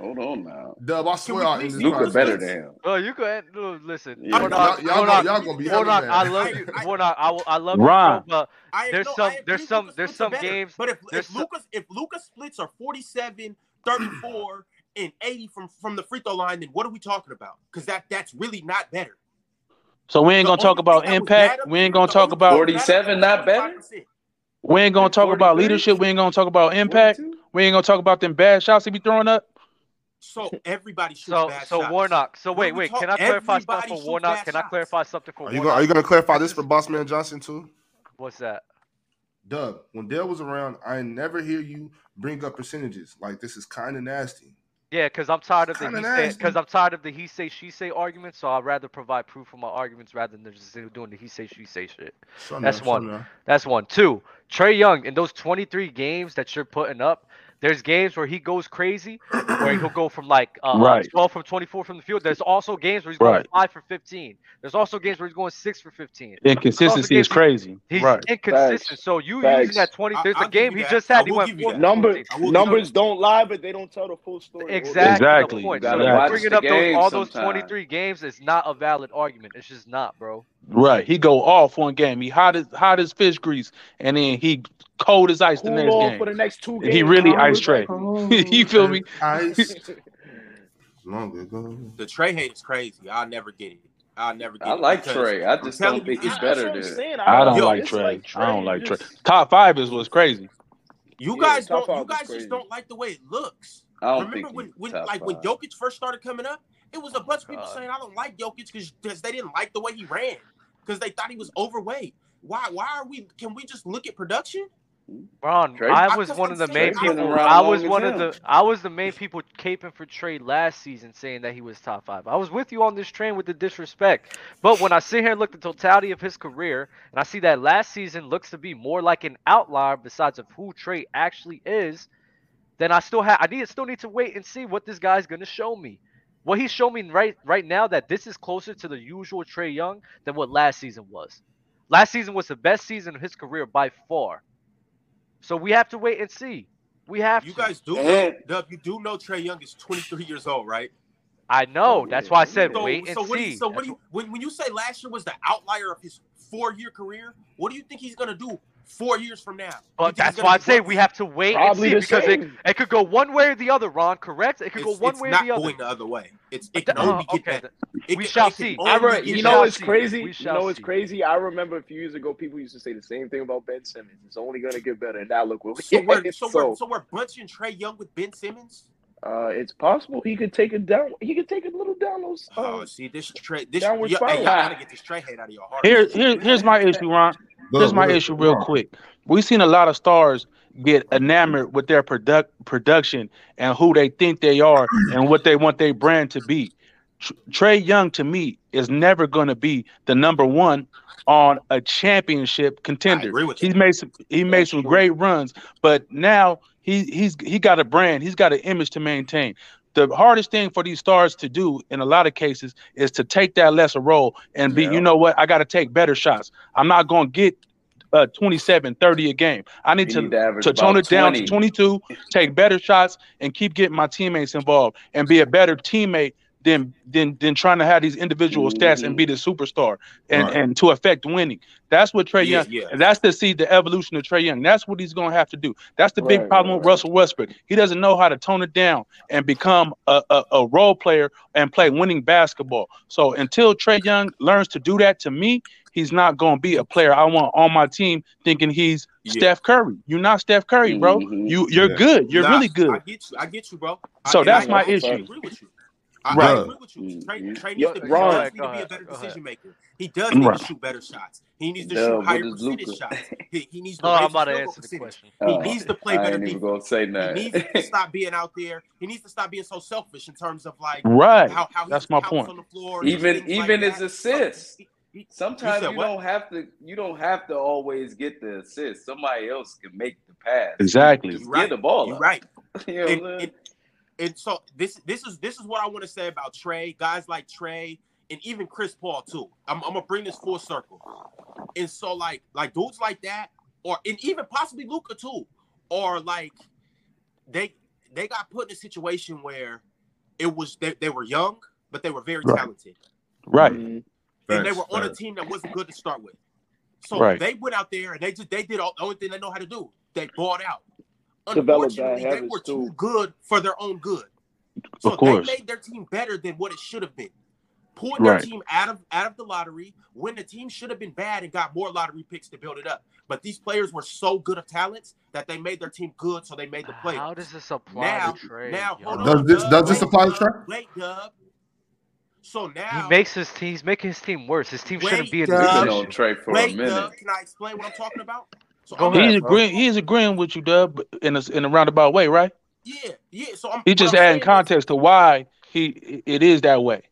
[SPEAKER 3] Hold on now.
[SPEAKER 5] Dub, I swear
[SPEAKER 2] we
[SPEAKER 5] I'll
[SPEAKER 2] please
[SPEAKER 5] end this
[SPEAKER 2] see
[SPEAKER 3] Luca
[SPEAKER 2] Luka's
[SPEAKER 5] podcast.
[SPEAKER 3] better
[SPEAKER 2] splits?
[SPEAKER 3] than him.
[SPEAKER 1] Bro, you could no, listen.
[SPEAKER 3] Yeah.
[SPEAKER 2] I'm
[SPEAKER 1] Hold on,
[SPEAKER 2] not.
[SPEAKER 5] Y'all, y'all
[SPEAKER 1] hold
[SPEAKER 2] I
[SPEAKER 5] gonna
[SPEAKER 1] on,
[SPEAKER 2] agree
[SPEAKER 5] y'all
[SPEAKER 2] with
[SPEAKER 5] gonna be
[SPEAKER 2] you.
[SPEAKER 1] hold
[SPEAKER 5] hella
[SPEAKER 1] on. I
[SPEAKER 5] mad.
[SPEAKER 1] love you,
[SPEAKER 2] I,
[SPEAKER 1] hold on. I will, I love you, bro.
[SPEAKER 4] Ron.
[SPEAKER 1] But
[SPEAKER 2] I, I
[SPEAKER 1] there's
[SPEAKER 2] no,
[SPEAKER 1] some,
[SPEAKER 2] I
[SPEAKER 1] there's
[SPEAKER 2] agree.
[SPEAKER 1] some,
[SPEAKER 2] Luka
[SPEAKER 1] there's
[SPEAKER 2] splits are
[SPEAKER 1] some
[SPEAKER 2] better.
[SPEAKER 1] games.
[SPEAKER 2] But if
[SPEAKER 1] There's
[SPEAKER 2] if
[SPEAKER 1] so,
[SPEAKER 2] Luca's if Luca's splits are 47, 34, and 80 from from the free throw line, then what are we talking about? Because that that's really not better.
[SPEAKER 4] So we ain't
[SPEAKER 2] The
[SPEAKER 4] gonna
[SPEAKER 2] only
[SPEAKER 4] talk
[SPEAKER 2] thing
[SPEAKER 4] about
[SPEAKER 2] that was bad
[SPEAKER 4] impact.
[SPEAKER 2] up
[SPEAKER 4] We
[SPEAKER 2] there-
[SPEAKER 4] ain't gonna
[SPEAKER 2] the
[SPEAKER 4] talk
[SPEAKER 2] only thing that was
[SPEAKER 4] about
[SPEAKER 2] bad up there
[SPEAKER 3] 47
[SPEAKER 2] was
[SPEAKER 3] not better?
[SPEAKER 2] 25%.
[SPEAKER 4] we ain't gonna
[SPEAKER 3] And
[SPEAKER 4] talk about
[SPEAKER 3] 43?
[SPEAKER 4] leadership. We ain't gonna talk about impact.
[SPEAKER 3] 42?
[SPEAKER 4] We ain't gonna talk about them bad shots he be throwing up.
[SPEAKER 2] So everybody shoots
[SPEAKER 1] so,
[SPEAKER 2] bad
[SPEAKER 1] so
[SPEAKER 2] shots.
[SPEAKER 1] Warnock. So
[SPEAKER 2] What are
[SPEAKER 1] wait,
[SPEAKER 2] we
[SPEAKER 1] wait.
[SPEAKER 2] talk-
[SPEAKER 1] Can I clarify
[SPEAKER 2] everybody
[SPEAKER 1] stuff for
[SPEAKER 2] shoots
[SPEAKER 1] Warnock?
[SPEAKER 2] bad
[SPEAKER 1] Can I
[SPEAKER 2] shots.
[SPEAKER 1] clarify something for
[SPEAKER 5] Are you gonna are you
[SPEAKER 1] Warnock?
[SPEAKER 5] gonna clarify this
[SPEAKER 1] is-
[SPEAKER 5] for Bossman Johnson too?
[SPEAKER 1] What's that?
[SPEAKER 5] Dub, when Dale was around, I never hear you bring up percentages. Like this is kind of nasty.
[SPEAKER 1] Yeah, because I'm tired
[SPEAKER 5] It's
[SPEAKER 1] of the
[SPEAKER 5] kind
[SPEAKER 1] he
[SPEAKER 5] of
[SPEAKER 1] say because
[SPEAKER 5] nasty.
[SPEAKER 1] I'm tired of the he say she say argument. So I'd rather provide proof for my arguments rather than just doing the he say she say shit.
[SPEAKER 5] Shut
[SPEAKER 1] That's
[SPEAKER 5] up, shut
[SPEAKER 1] one.
[SPEAKER 5] up.
[SPEAKER 1] That's one. Two, Trey Young, in those 23 games that you're putting up, there's games where he goes crazy, where he'll go from like uh, uh,
[SPEAKER 4] Right.
[SPEAKER 1] 12 from 24 from the field. There's also games where he's going
[SPEAKER 4] Right.
[SPEAKER 1] 5 for 15. There's also games where he's going 6 for 15. There's also
[SPEAKER 4] Inconsistency
[SPEAKER 1] games
[SPEAKER 4] is crazy.
[SPEAKER 1] he's, he's
[SPEAKER 4] Right.
[SPEAKER 1] inconsistent.
[SPEAKER 6] Facts.
[SPEAKER 1] So you using
[SPEAKER 6] Facts.
[SPEAKER 1] that 20,
[SPEAKER 2] I-
[SPEAKER 1] there's
[SPEAKER 2] I'll
[SPEAKER 1] a
[SPEAKER 2] give
[SPEAKER 1] game
[SPEAKER 2] you
[SPEAKER 1] he
[SPEAKER 2] that.
[SPEAKER 1] just
[SPEAKER 2] I
[SPEAKER 1] had, he
[SPEAKER 2] will
[SPEAKER 1] went
[SPEAKER 2] give you
[SPEAKER 1] 4
[SPEAKER 2] that.
[SPEAKER 1] for
[SPEAKER 6] Number
[SPEAKER 1] 14.
[SPEAKER 2] I will give you
[SPEAKER 6] numbers don't lie, but they don't tell the full story.
[SPEAKER 1] Exactly the
[SPEAKER 4] Exactly.
[SPEAKER 1] point.
[SPEAKER 3] You
[SPEAKER 1] So
[SPEAKER 3] gotta
[SPEAKER 1] you
[SPEAKER 3] watch
[SPEAKER 4] Exactly.
[SPEAKER 1] bringing
[SPEAKER 3] the
[SPEAKER 1] up those
[SPEAKER 3] game
[SPEAKER 1] all those
[SPEAKER 3] sometimes.
[SPEAKER 1] 23 games is not a valid argument. It's just not, bro.
[SPEAKER 4] Right. He go off one game. He hot as hot as fish grease, and then he cold as ice the
[SPEAKER 6] Cool
[SPEAKER 4] next
[SPEAKER 6] off for the
[SPEAKER 4] game.
[SPEAKER 6] next two
[SPEAKER 4] He
[SPEAKER 6] games.
[SPEAKER 4] really
[SPEAKER 5] I
[SPEAKER 4] ice
[SPEAKER 5] was
[SPEAKER 4] tray. you
[SPEAKER 5] cold
[SPEAKER 4] feel
[SPEAKER 5] as
[SPEAKER 4] me?
[SPEAKER 5] ice long ago.
[SPEAKER 2] the Trey hate is crazy. I'll never get it. I'll never get
[SPEAKER 3] I
[SPEAKER 2] it
[SPEAKER 3] like
[SPEAKER 2] because
[SPEAKER 3] Trey. I
[SPEAKER 2] I'm
[SPEAKER 3] just
[SPEAKER 2] telling
[SPEAKER 3] don't
[SPEAKER 2] you,
[SPEAKER 3] think he's
[SPEAKER 2] it's
[SPEAKER 6] I, that's
[SPEAKER 3] better
[SPEAKER 6] what I'm
[SPEAKER 3] than.
[SPEAKER 6] saying. I
[SPEAKER 4] I
[SPEAKER 6] don't
[SPEAKER 4] don't
[SPEAKER 2] Yo.
[SPEAKER 4] like
[SPEAKER 6] dislike
[SPEAKER 4] Trey. I
[SPEAKER 6] Trey.
[SPEAKER 4] don't like Trey.
[SPEAKER 6] Just
[SPEAKER 4] Top five is what's crazy.
[SPEAKER 2] You
[SPEAKER 6] Yeah,
[SPEAKER 2] guys
[SPEAKER 6] top
[SPEAKER 2] don't. You
[SPEAKER 6] five is
[SPEAKER 2] guys
[SPEAKER 6] crazy.
[SPEAKER 2] just don't like the way it looks.
[SPEAKER 3] I don't
[SPEAKER 2] Remember
[SPEAKER 3] think
[SPEAKER 2] when,
[SPEAKER 3] he's
[SPEAKER 2] when
[SPEAKER 3] top
[SPEAKER 2] like when
[SPEAKER 3] five.
[SPEAKER 2] Jokic first started coming up, it was a bunch of people
[SPEAKER 1] God.
[SPEAKER 2] saying I don't like Jokic because they didn't like the way he ran because they thought he was overweight. Why? Why are we? Can we just look at production?
[SPEAKER 1] Ron,
[SPEAKER 3] Trey-
[SPEAKER 1] I was
[SPEAKER 2] I'm
[SPEAKER 1] one of the
[SPEAKER 2] saying
[SPEAKER 1] main
[SPEAKER 2] Trey's been
[SPEAKER 1] people.
[SPEAKER 3] around
[SPEAKER 1] I
[SPEAKER 3] long
[SPEAKER 1] was
[SPEAKER 3] as
[SPEAKER 1] one of
[SPEAKER 3] him.
[SPEAKER 1] the. I was the main people caping for Trey last season, saying that he was top five. I was with you on this train with the disrespect, but when I sit here and look at the totality of his career, and I see that last season looks to be more like an outlier besides of who Trey actually is, then I still have. I need still need to wait and see what this guy's gonna show me. What he's showing me right right now that this is closer to the usual Trey Young than what last season was. Last season was the best season of his career by far. So we have to wait and see. We have
[SPEAKER 2] You
[SPEAKER 1] to.
[SPEAKER 2] guys do. know,
[SPEAKER 3] And-
[SPEAKER 2] Dub, you do know Trey Young is 23 years old, right?
[SPEAKER 1] I know.
[SPEAKER 3] Oh,
[SPEAKER 1] That's
[SPEAKER 3] yeah,
[SPEAKER 1] why I
[SPEAKER 3] yeah.
[SPEAKER 1] said
[SPEAKER 2] So,
[SPEAKER 1] wait and
[SPEAKER 2] so what? Do
[SPEAKER 1] see.
[SPEAKER 2] you, so what?
[SPEAKER 1] That's
[SPEAKER 2] Do you, when when you say last year was the outlier of his four-year career, what do you think he's gonna do four years from now? You
[SPEAKER 1] But
[SPEAKER 2] think he's
[SPEAKER 1] that's
[SPEAKER 2] gonna
[SPEAKER 1] why I
[SPEAKER 2] be
[SPEAKER 1] say
[SPEAKER 2] worse?
[SPEAKER 1] we have to wait and
[SPEAKER 6] Probably
[SPEAKER 1] see
[SPEAKER 6] the
[SPEAKER 1] because it,
[SPEAKER 6] same.
[SPEAKER 1] it could go one way or the other, Ron, correct? It could
[SPEAKER 2] It's,
[SPEAKER 1] go one
[SPEAKER 2] it's
[SPEAKER 1] way or
[SPEAKER 2] not
[SPEAKER 1] the other.
[SPEAKER 2] going the other way. It's
[SPEAKER 1] But
[SPEAKER 2] it
[SPEAKER 1] that-
[SPEAKER 2] can only
[SPEAKER 1] uh,
[SPEAKER 2] get
[SPEAKER 1] okay,
[SPEAKER 2] better.
[SPEAKER 1] th-
[SPEAKER 2] It
[SPEAKER 1] we
[SPEAKER 2] can-
[SPEAKER 1] shall
[SPEAKER 2] it can
[SPEAKER 1] see.
[SPEAKER 2] only
[SPEAKER 6] I
[SPEAKER 2] get
[SPEAKER 6] re-
[SPEAKER 1] We
[SPEAKER 6] you
[SPEAKER 2] better.
[SPEAKER 6] know
[SPEAKER 1] shall
[SPEAKER 6] it's
[SPEAKER 1] see.
[SPEAKER 6] crazy.
[SPEAKER 1] We
[SPEAKER 6] You
[SPEAKER 1] shall
[SPEAKER 6] know it's
[SPEAKER 1] see.
[SPEAKER 6] crazy. I remember a few years ago people used to say the same thing about Ben Simmons. It's only gonna get better. And now look what we
[SPEAKER 2] So we're
[SPEAKER 6] at.
[SPEAKER 2] so,
[SPEAKER 6] So,
[SPEAKER 2] we're so we're bunching Trey Young with Ben Simmons.
[SPEAKER 6] uh, it's possible he could take a down. He could take a little down those.
[SPEAKER 2] Oh,
[SPEAKER 6] Uh,
[SPEAKER 2] see this Trey. This
[SPEAKER 6] downward
[SPEAKER 2] yo, hey,
[SPEAKER 6] spiral.
[SPEAKER 2] y'all gotta get this Trey hate out of your heart.
[SPEAKER 4] Here, here, here's my issue, Ron. Here's
[SPEAKER 5] Look,
[SPEAKER 4] my
[SPEAKER 5] look,
[SPEAKER 4] issue, real
[SPEAKER 5] Ron,
[SPEAKER 4] quick. We've seen a lot of stars get enamored with their product production and who they think they are and what they want their brand to be. Tr- Trey Young, to me, is never going to be the number one on a championship
[SPEAKER 2] I
[SPEAKER 4] contender.
[SPEAKER 2] agree with
[SPEAKER 4] He
[SPEAKER 2] that.
[SPEAKER 4] made some, he made
[SPEAKER 6] That's
[SPEAKER 4] some
[SPEAKER 6] true.
[SPEAKER 4] great runs, but now he he's he got a brand, he's got an image to maintain. The hardest thing for these stars to do in a lot of cases is to take that lesser role and be, you
[SPEAKER 6] Yeah.
[SPEAKER 4] know what, I got to take better shots. I'm not going to get uh, 27, 30 a game. I need
[SPEAKER 3] You need
[SPEAKER 4] to
[SPEAKER 3] to average
[SPEAKER 4] to tone
[SPEAKER 3] about
[SPEAKER 4] it down to
[SPEAKER 3] 20.
[SPEAKER 4] 22, take better shots, and keep getting my teammates involved and be a better teammate than than than trying to have these individual stats and
[SPEAKER 3] Mhm.
[SPEAKER 4] be the superstar and
[SPEAKER 5] Right.
[SPEAKER 4] and to affect winning. That's what Trey
[SPEAKER 2] Yeah,
[SPEAKER 4] Young.
[SPEAKER 2] yeah.
[SPEAKER 4] and That's to see the evolution of Trey Young. That's what he's going to have to do. That's the big
[SPEAKER 6] Right. Right.
[SPEAKER 4] problem with
[SPEAKER 6] Right.
[SPEAKER 4] Russell Westbrook. He doesn't know how to tone it down and become a, a, a role player and play winning basketball. So until Trey Young learns to do that, to me, he's not going to be a player I want on my team thinking he's
[SPEAKER 2] Yeah.
[SPEAKER 4] Steph Curry. You're not Steph Curry, bro.
[SPEAKER 3] Mhm.
[SPEAKER 4] You you're
[SPEAKER 5] Yeah.
[SPEAKER 4] good. You're
[SPEAKER 2] Nah,
[SPEAKER 4] really
[SPEAKER 2] I
[SPEAKER 4] good.
[SPEAKER 2] get you. I get you, bro. I,
[SPEAKER 4] So
[SPEAKER 2] and I,
[SPEAKER 4] that's
[SPEAKER 3] Yeah,
[SPEAKER 4] my
[SPEAKER 2] I
[SPEAKER 3] that's a
[SPEAKER 2] actually
[SPEAKER 4] issue.
[SPEAKER 3] fact.
[SPEAKER 2] agree with you. I, I
[SPEAKER 4] Right.
[SPEAKER 5] Duh.
[SPEAKER 2] agree with you. Trey,
[SPEAKER 3] Mhm.
[SPEAKER 2] Trey needs
[SPEAKER 6] Yo,
[SPEAKER 2] to. He
[SPEAKER 1] Go
[SPEAKER 6] Ron.
[SPEAKER 2] does
[SPEAKER 1] ahead,
[SPEAKER 2] need to
[SPEAKER 1] go
[SPEAKER 2] be a
[SPEAKER 1] ahead,
[SPEAKER 2] better
[SPEAKER 1] go ahead.
[SPEAKER 2] decision maker. He does need to
[SPEAKER 4] Right.
[SPEAKER 2] shoot better shots. He needs to shoot
[SPEAKER 3] Duh, what
[SPEAKER 2] higher
[SPEAKER 3] is
[SPEAKER 2] percentage
[SPEAKER 3] Luca?
[SPEAKER 2] shots. He, he needs to
[SPEAKER 1] No, Oh, I'm
[SPEAKER 2] raise his
[SPEAKER 1] about to
[SPEAKER 2] field goal
[SPEAKER 1] answer the
[SPEAKER 2] percentage.
[SPEAKER 1] question.
[SPEAKER 6] Uh,
[SPEAKER 2] He
[SPEAKER 3] Oh,
[SPEAKER 2] needs to play
[SPEAKER 3] I
[SPEAKER 2] better
[SPEAKER 3] ain't even
[SPEAKER 2] defense.
[SPEAKER 3] gonna say
[SPEAKER 2] He needs to
[SPEAKER 3] nothing.
[SPEAKER 2] stop being out there. He needs to stop being so selfish in terms of like
[SPEAKER 4] Right.
[SPEAKER 2] how how he
[SPEAKER 4] That's my
[SPEAKER 2] counts
[SPEAKER 4] point.
[SPEAKER 2] on the floor and
[SPEAKER 3] even
[SPEAKER 2] things like
[SPEAKER 3] even his
[SPEAKER 2] that. So,
[SPEAKER 3] assists.
[SPEAKER 2] he, he, you
[SPEAKER 3] Sometimes
[SPEAKER 2] said
[SPEAKER 3] you
[SPEAKER 2] what?
[SPEAKER 3] don't have to you don't have to always get the assist. Somebody else can make the pass.
[SPEAKER 4] Exactly.
[SPEAKER 2] You
[SPEAKER 3] Just give
[SPEAKER 2] right.
[SPEAKER 3] the ball
[SPEAKER 2] You
[SPEAKER 3] up.
[SPEAKER 2] right.
[SPEAKER 3] you know
[SPEAKER 2] And,
[SPEAKER 3] what I'm
[SPEAKER 2] and
[SPEAKER 3] saying?
[SPEAKER 2] and so this this is this is what I want to say about Trey, guys like Trey, and even Chris Paul too. I'm, I'm gonna bring this full circle. And so like like dudes like that, or and even possibly Luca too, or like they they got put in a situation where it was they, they were young, but they were very
[SPEAKER 4] Right.
[SPEAKER 2] talented,
[SPEAKER 4] Right.
[SPEAKER 6] Mhm.
[SPEAKER 2] and they
[SPEAKER 5] Facts,
[SPEAKER 2] were on a
[SPEAKER 5] facts.
[SPEAKER 2] team that wasn't good to start with. So
[SPEAKER 4] Right.
[SPEAKER 2] they went out there and they just they did all, the only thing they know how to do. They bought out.
[SPEAKER 6] Develop bad
[SPEAKER 2] Unfortunately, they
[SPEAKER 6] habits
[SPEAKER 2] were
[SPEAKER 6] too.
[SPEAKER 2] too good for their own good.
[SPEAKER 4] Of
[SPEAKER 2] So they
[SPEAKER 4] course.
[SPEAKER 2] made their team better than what it should have been. Pulled their
[SPEAKER 4] Right.
[SPEAKER 2] team out of out of the lottery when the team should have been bad and got more lottery picks to build it up. But these players were so good of talents that they made their team good, so they made the play.
[SPEAKER 1] How does this apply
[SPEAKER 2] Now,
[SPEAKER 1] to Trey
[SPEAKER 2] now, hold
[SPEAKER 1] Young?
[SPEAKER 5] Does
[SPEAKER 2] on,
[SPEAKER 5] this
[SPEAKER 2] Dub,
[SPEAKER 5] does this
[SPEAKER 2] wait,
[SPEAKER 5] apply to
[SPEAKER 2] Dub,
[SPEAKER 5] Trey?
[SPEAKER 2] wait, Dub. So
[SPEAKER 1] He
[SPEAKER 2] now,
[SPEAKER 1] makes his team. He's making his team worse. His team shouldn't
[SPEAKER 2] wait,
[SPEAKER 1] be in this
[SPEAKER 3] We've
[SPEAKER 2] Dub,
[SPEAKER 3] been on
[SPEAKER 1] position.
[SPEAKER 3] Trey for a
[SPEAKER 2] wait,
[SPEAKER 3] minute.
[SPEAKER 2] Dub. Can I explain what I'm talking about? So
[SPEAKER 1] Go
[SPEAKER 2] I'm
[SPEAKER 1] ahead,
[SPEAKER 4] He's
[SPEAKER 1] bro.
[SPEAKER 4] agreeing. He's agreeing with you, Dub, in a in a roundabout way, right?
[SPEAKER 2] yeah, yeah. So I'm
[SPEAKER 4] He's
[SPEAKER 2] what
[SPEAKER 4] just
[SPEAKER 2] I'm
[SPEAKER 4] adding
[SPEAKER 2] saying is
[SPEAKER 4] context to why he it is that way.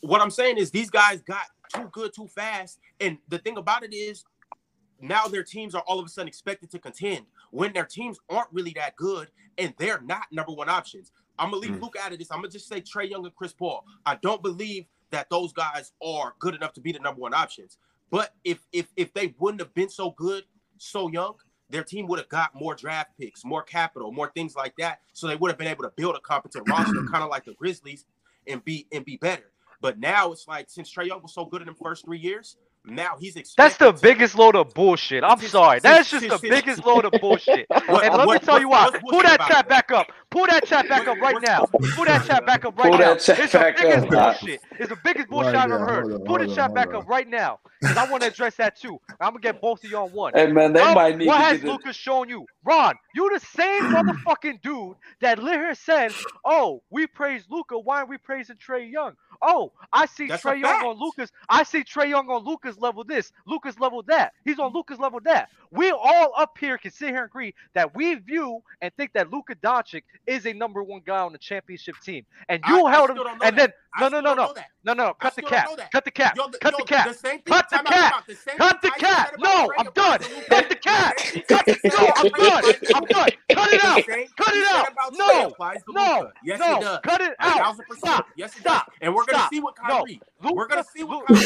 [SPEAKER 2] what I'm saying is these guys got too good too fast. And the thing about it is now their teams are all of a sudden expected to contend when their teams aren't really that good and they're not number one options. I'm gonna leave
[SPEAKER 5] Mm.
[SPEAKER 2] Luke out of this. I'm gonna just say Trey Young and Chris Paul. I don't believe that those guys are good enough to be the number one options. But if if if they wouldn't have been so good so young, their team would have got more draft picks, more capital, more things like that. So they would have been able to build a competent roster, kind of like the Grizzlies, and be and be better. But now it's like since Trey Young was so good in the first three years, Now he's
[SPEAKER 1] That's
[SPEAKER 2] expected
[SPEAKER 1] the
[SPEAKER 2] to-
[SPEAKER 1] biggest load of bullshit. I'm
[SPEAKER 2] Sis-
[SPEAKER 1] sorry.
[SPEAKER 2] sis-
[SPEAKER 1] That's just
[SPEAKER 2] sis-
[SPEAKER 1] the
[SPEAKER 2] sis-
[SPEAKER 1] biggest load of bullshit.
[SPEAKER 2] What-
[SPEAKER 1] And let me
[SPEAKER 2] what-
[SPEAKER 1] tell you why.
[SPEAKER 2] what's- what's
[SPEAKER 1] Pull that
[SPEAKER 2] about
[SPEAKER 1] chat
[SPEAKER 2] it?
[SPEAKER 1] back up. Pull that chat back up right
[SPEAKER 2] What's-
[SPEAKER 1] now. Pull that chat back up right
[SPEAKER 3] Pull
[SPEAKER 1] now.
[SPEAKER 3] that chat
[SPEAKER 1] It's the
[SPEAKER 3] back
[SPEAKER 1] biggest
[SPEAKER 3] up.
[SPEAKER 1] bullshit. It's the biggest bullshit
[SPEAKER 5] Right
[SPEAKER 1] I've ever
[SPEAKER 5] now.
[SPEAKER 1] heard.
[SPEAKER 5] Hold on,
[SPEAKER 1] Pull
[SPEAKER 5] hold
[SPEAKER 1] the
[SPEAKER 5] on,
[SPEAKER 1] chat back
[SPEAKER 5] hold
[SPEAKER 1] up right now. Because I want to address that too. I'm going to get both of you on one.
[SPEAKER 3] Hey man, they
[SPEAKER 1] Ron,
[SPEAKER 3] might need
[SPEAKER 1] what
[SPEAKER 3] to
[SPEAKER 1] has
[SPEAKER 3] get it.
[SPEAKER 1] Lucas shown you? Ron, you the same motherfucking dude that lit here said, Oh, we praise Luca. Why are we praising Trey Young? Oh, I see
[SPEAKER 2] That's
[SPEAKER 1] Trey
[SPEAKER 2] a
[SPEAKER 1] Young
[SPEAKER 2] fact.
[SPEAKER 1] on Lucas. I see Trey Young on Lucas level this, Lucas level that. He's on Lucas level that. We all up here can sit here and agree that we view and think that Luka Doncic is a number one guy on the championship team. And you
[SPEAKER 2] I- I still
[SPEAKER 1] held him
[SPEAKER 2] don't know
[SPEAKER 1] and
[SPEAKER 2] that. I
[SPEAKER 1] then no
[SPEAKER 2] still
[SPEAKER 1] no no
[SPEAKER 2] don't
[SPEAKER 1] no
[SPEAKER 2] know that.
[SPEAKER 1] no no no
[SPEAKER 2] I
[SPEAKER 1] cut the
[SPEAKER 2] still don't
[SPEAKER 1] cap.
[SPEAKER 2] know that.
[SPEAKER 1] Cut the cap.
[SPEAKER 2] Yo, the-
[SPEAKER 1] Cut
[SPEAKER 2] yo,
[SPEAKER 1] the
[SPEAKER 2] same
[SPEAKER 1] cap.
[SPEAKER 2] thing-
[SPEAKER 1] Cut the
[SPEAKER 2] time out,
[SPEAKER 1] cap.
[SPEAKER 2] time out. The same
[SPEAKER 1] Cut the
[SPEAKER 2] thing Tyson
[SPEAKER 1] cap.
[SPEAKER 2] said about
[SPEAKER 1] No,
[SPEAKER 2] Trey
[SPEAKER 1] I'm
[SPEAKER 2] about
[SPEAKER 1] done.
[SPEAKER 2] Luka.
[SPEAKER 1] Cut the cap.
[SPEAKER 2] The same-
[SPEAKER 1] Cut
[SPEAKER 2] the
[SPEAKER 1] the
[SPEAKER 2] same
[SPEAKER 1] no.
[SPEAKER 2] thing
[SPEAKER 1] I'm done.
[SPEAKER 2] applies to
[SPEAKER 1] I'm
[SPEAKER 2] Luka.
[SPEAKER 1] done. Cut it
[SPEAKER 2] The
[SPEAKER 1] out.
[SPEAKER 2] same-
[SPEAKER 1] Cut
[SPEAKER 2] he said
[SPEAKER 1] it out.
[SPEAKER 2] about Trey
[SPEAKER 1] No.
[SPEAKER 2] applies to
[SPEAKER 1] No.
[SPEAKER 2] Luka. Yes, it
[SPEAKER 1] No.
[SPEAKER 2] does.
[SPEAKER 1] Cut it
[SPEAKER 2] A
[SPEAKER 1] out.
[SPEAKER 2] thousand percent.
[SPEAKER 1] Stop.
[SPEAKER 2] Yes, it
[SPEAKER 1] Stop.
[SPEAKER 2] does. And we're gonna
[SPEAKER 1] Stop.
[SPEAKER 2] see what
[SPEAKER 1] No.
[SPEAKER 2] Kyrie. We're
[SPEAKER 1] Luca.
[SPEAKER 2] gonna see what Kyrie.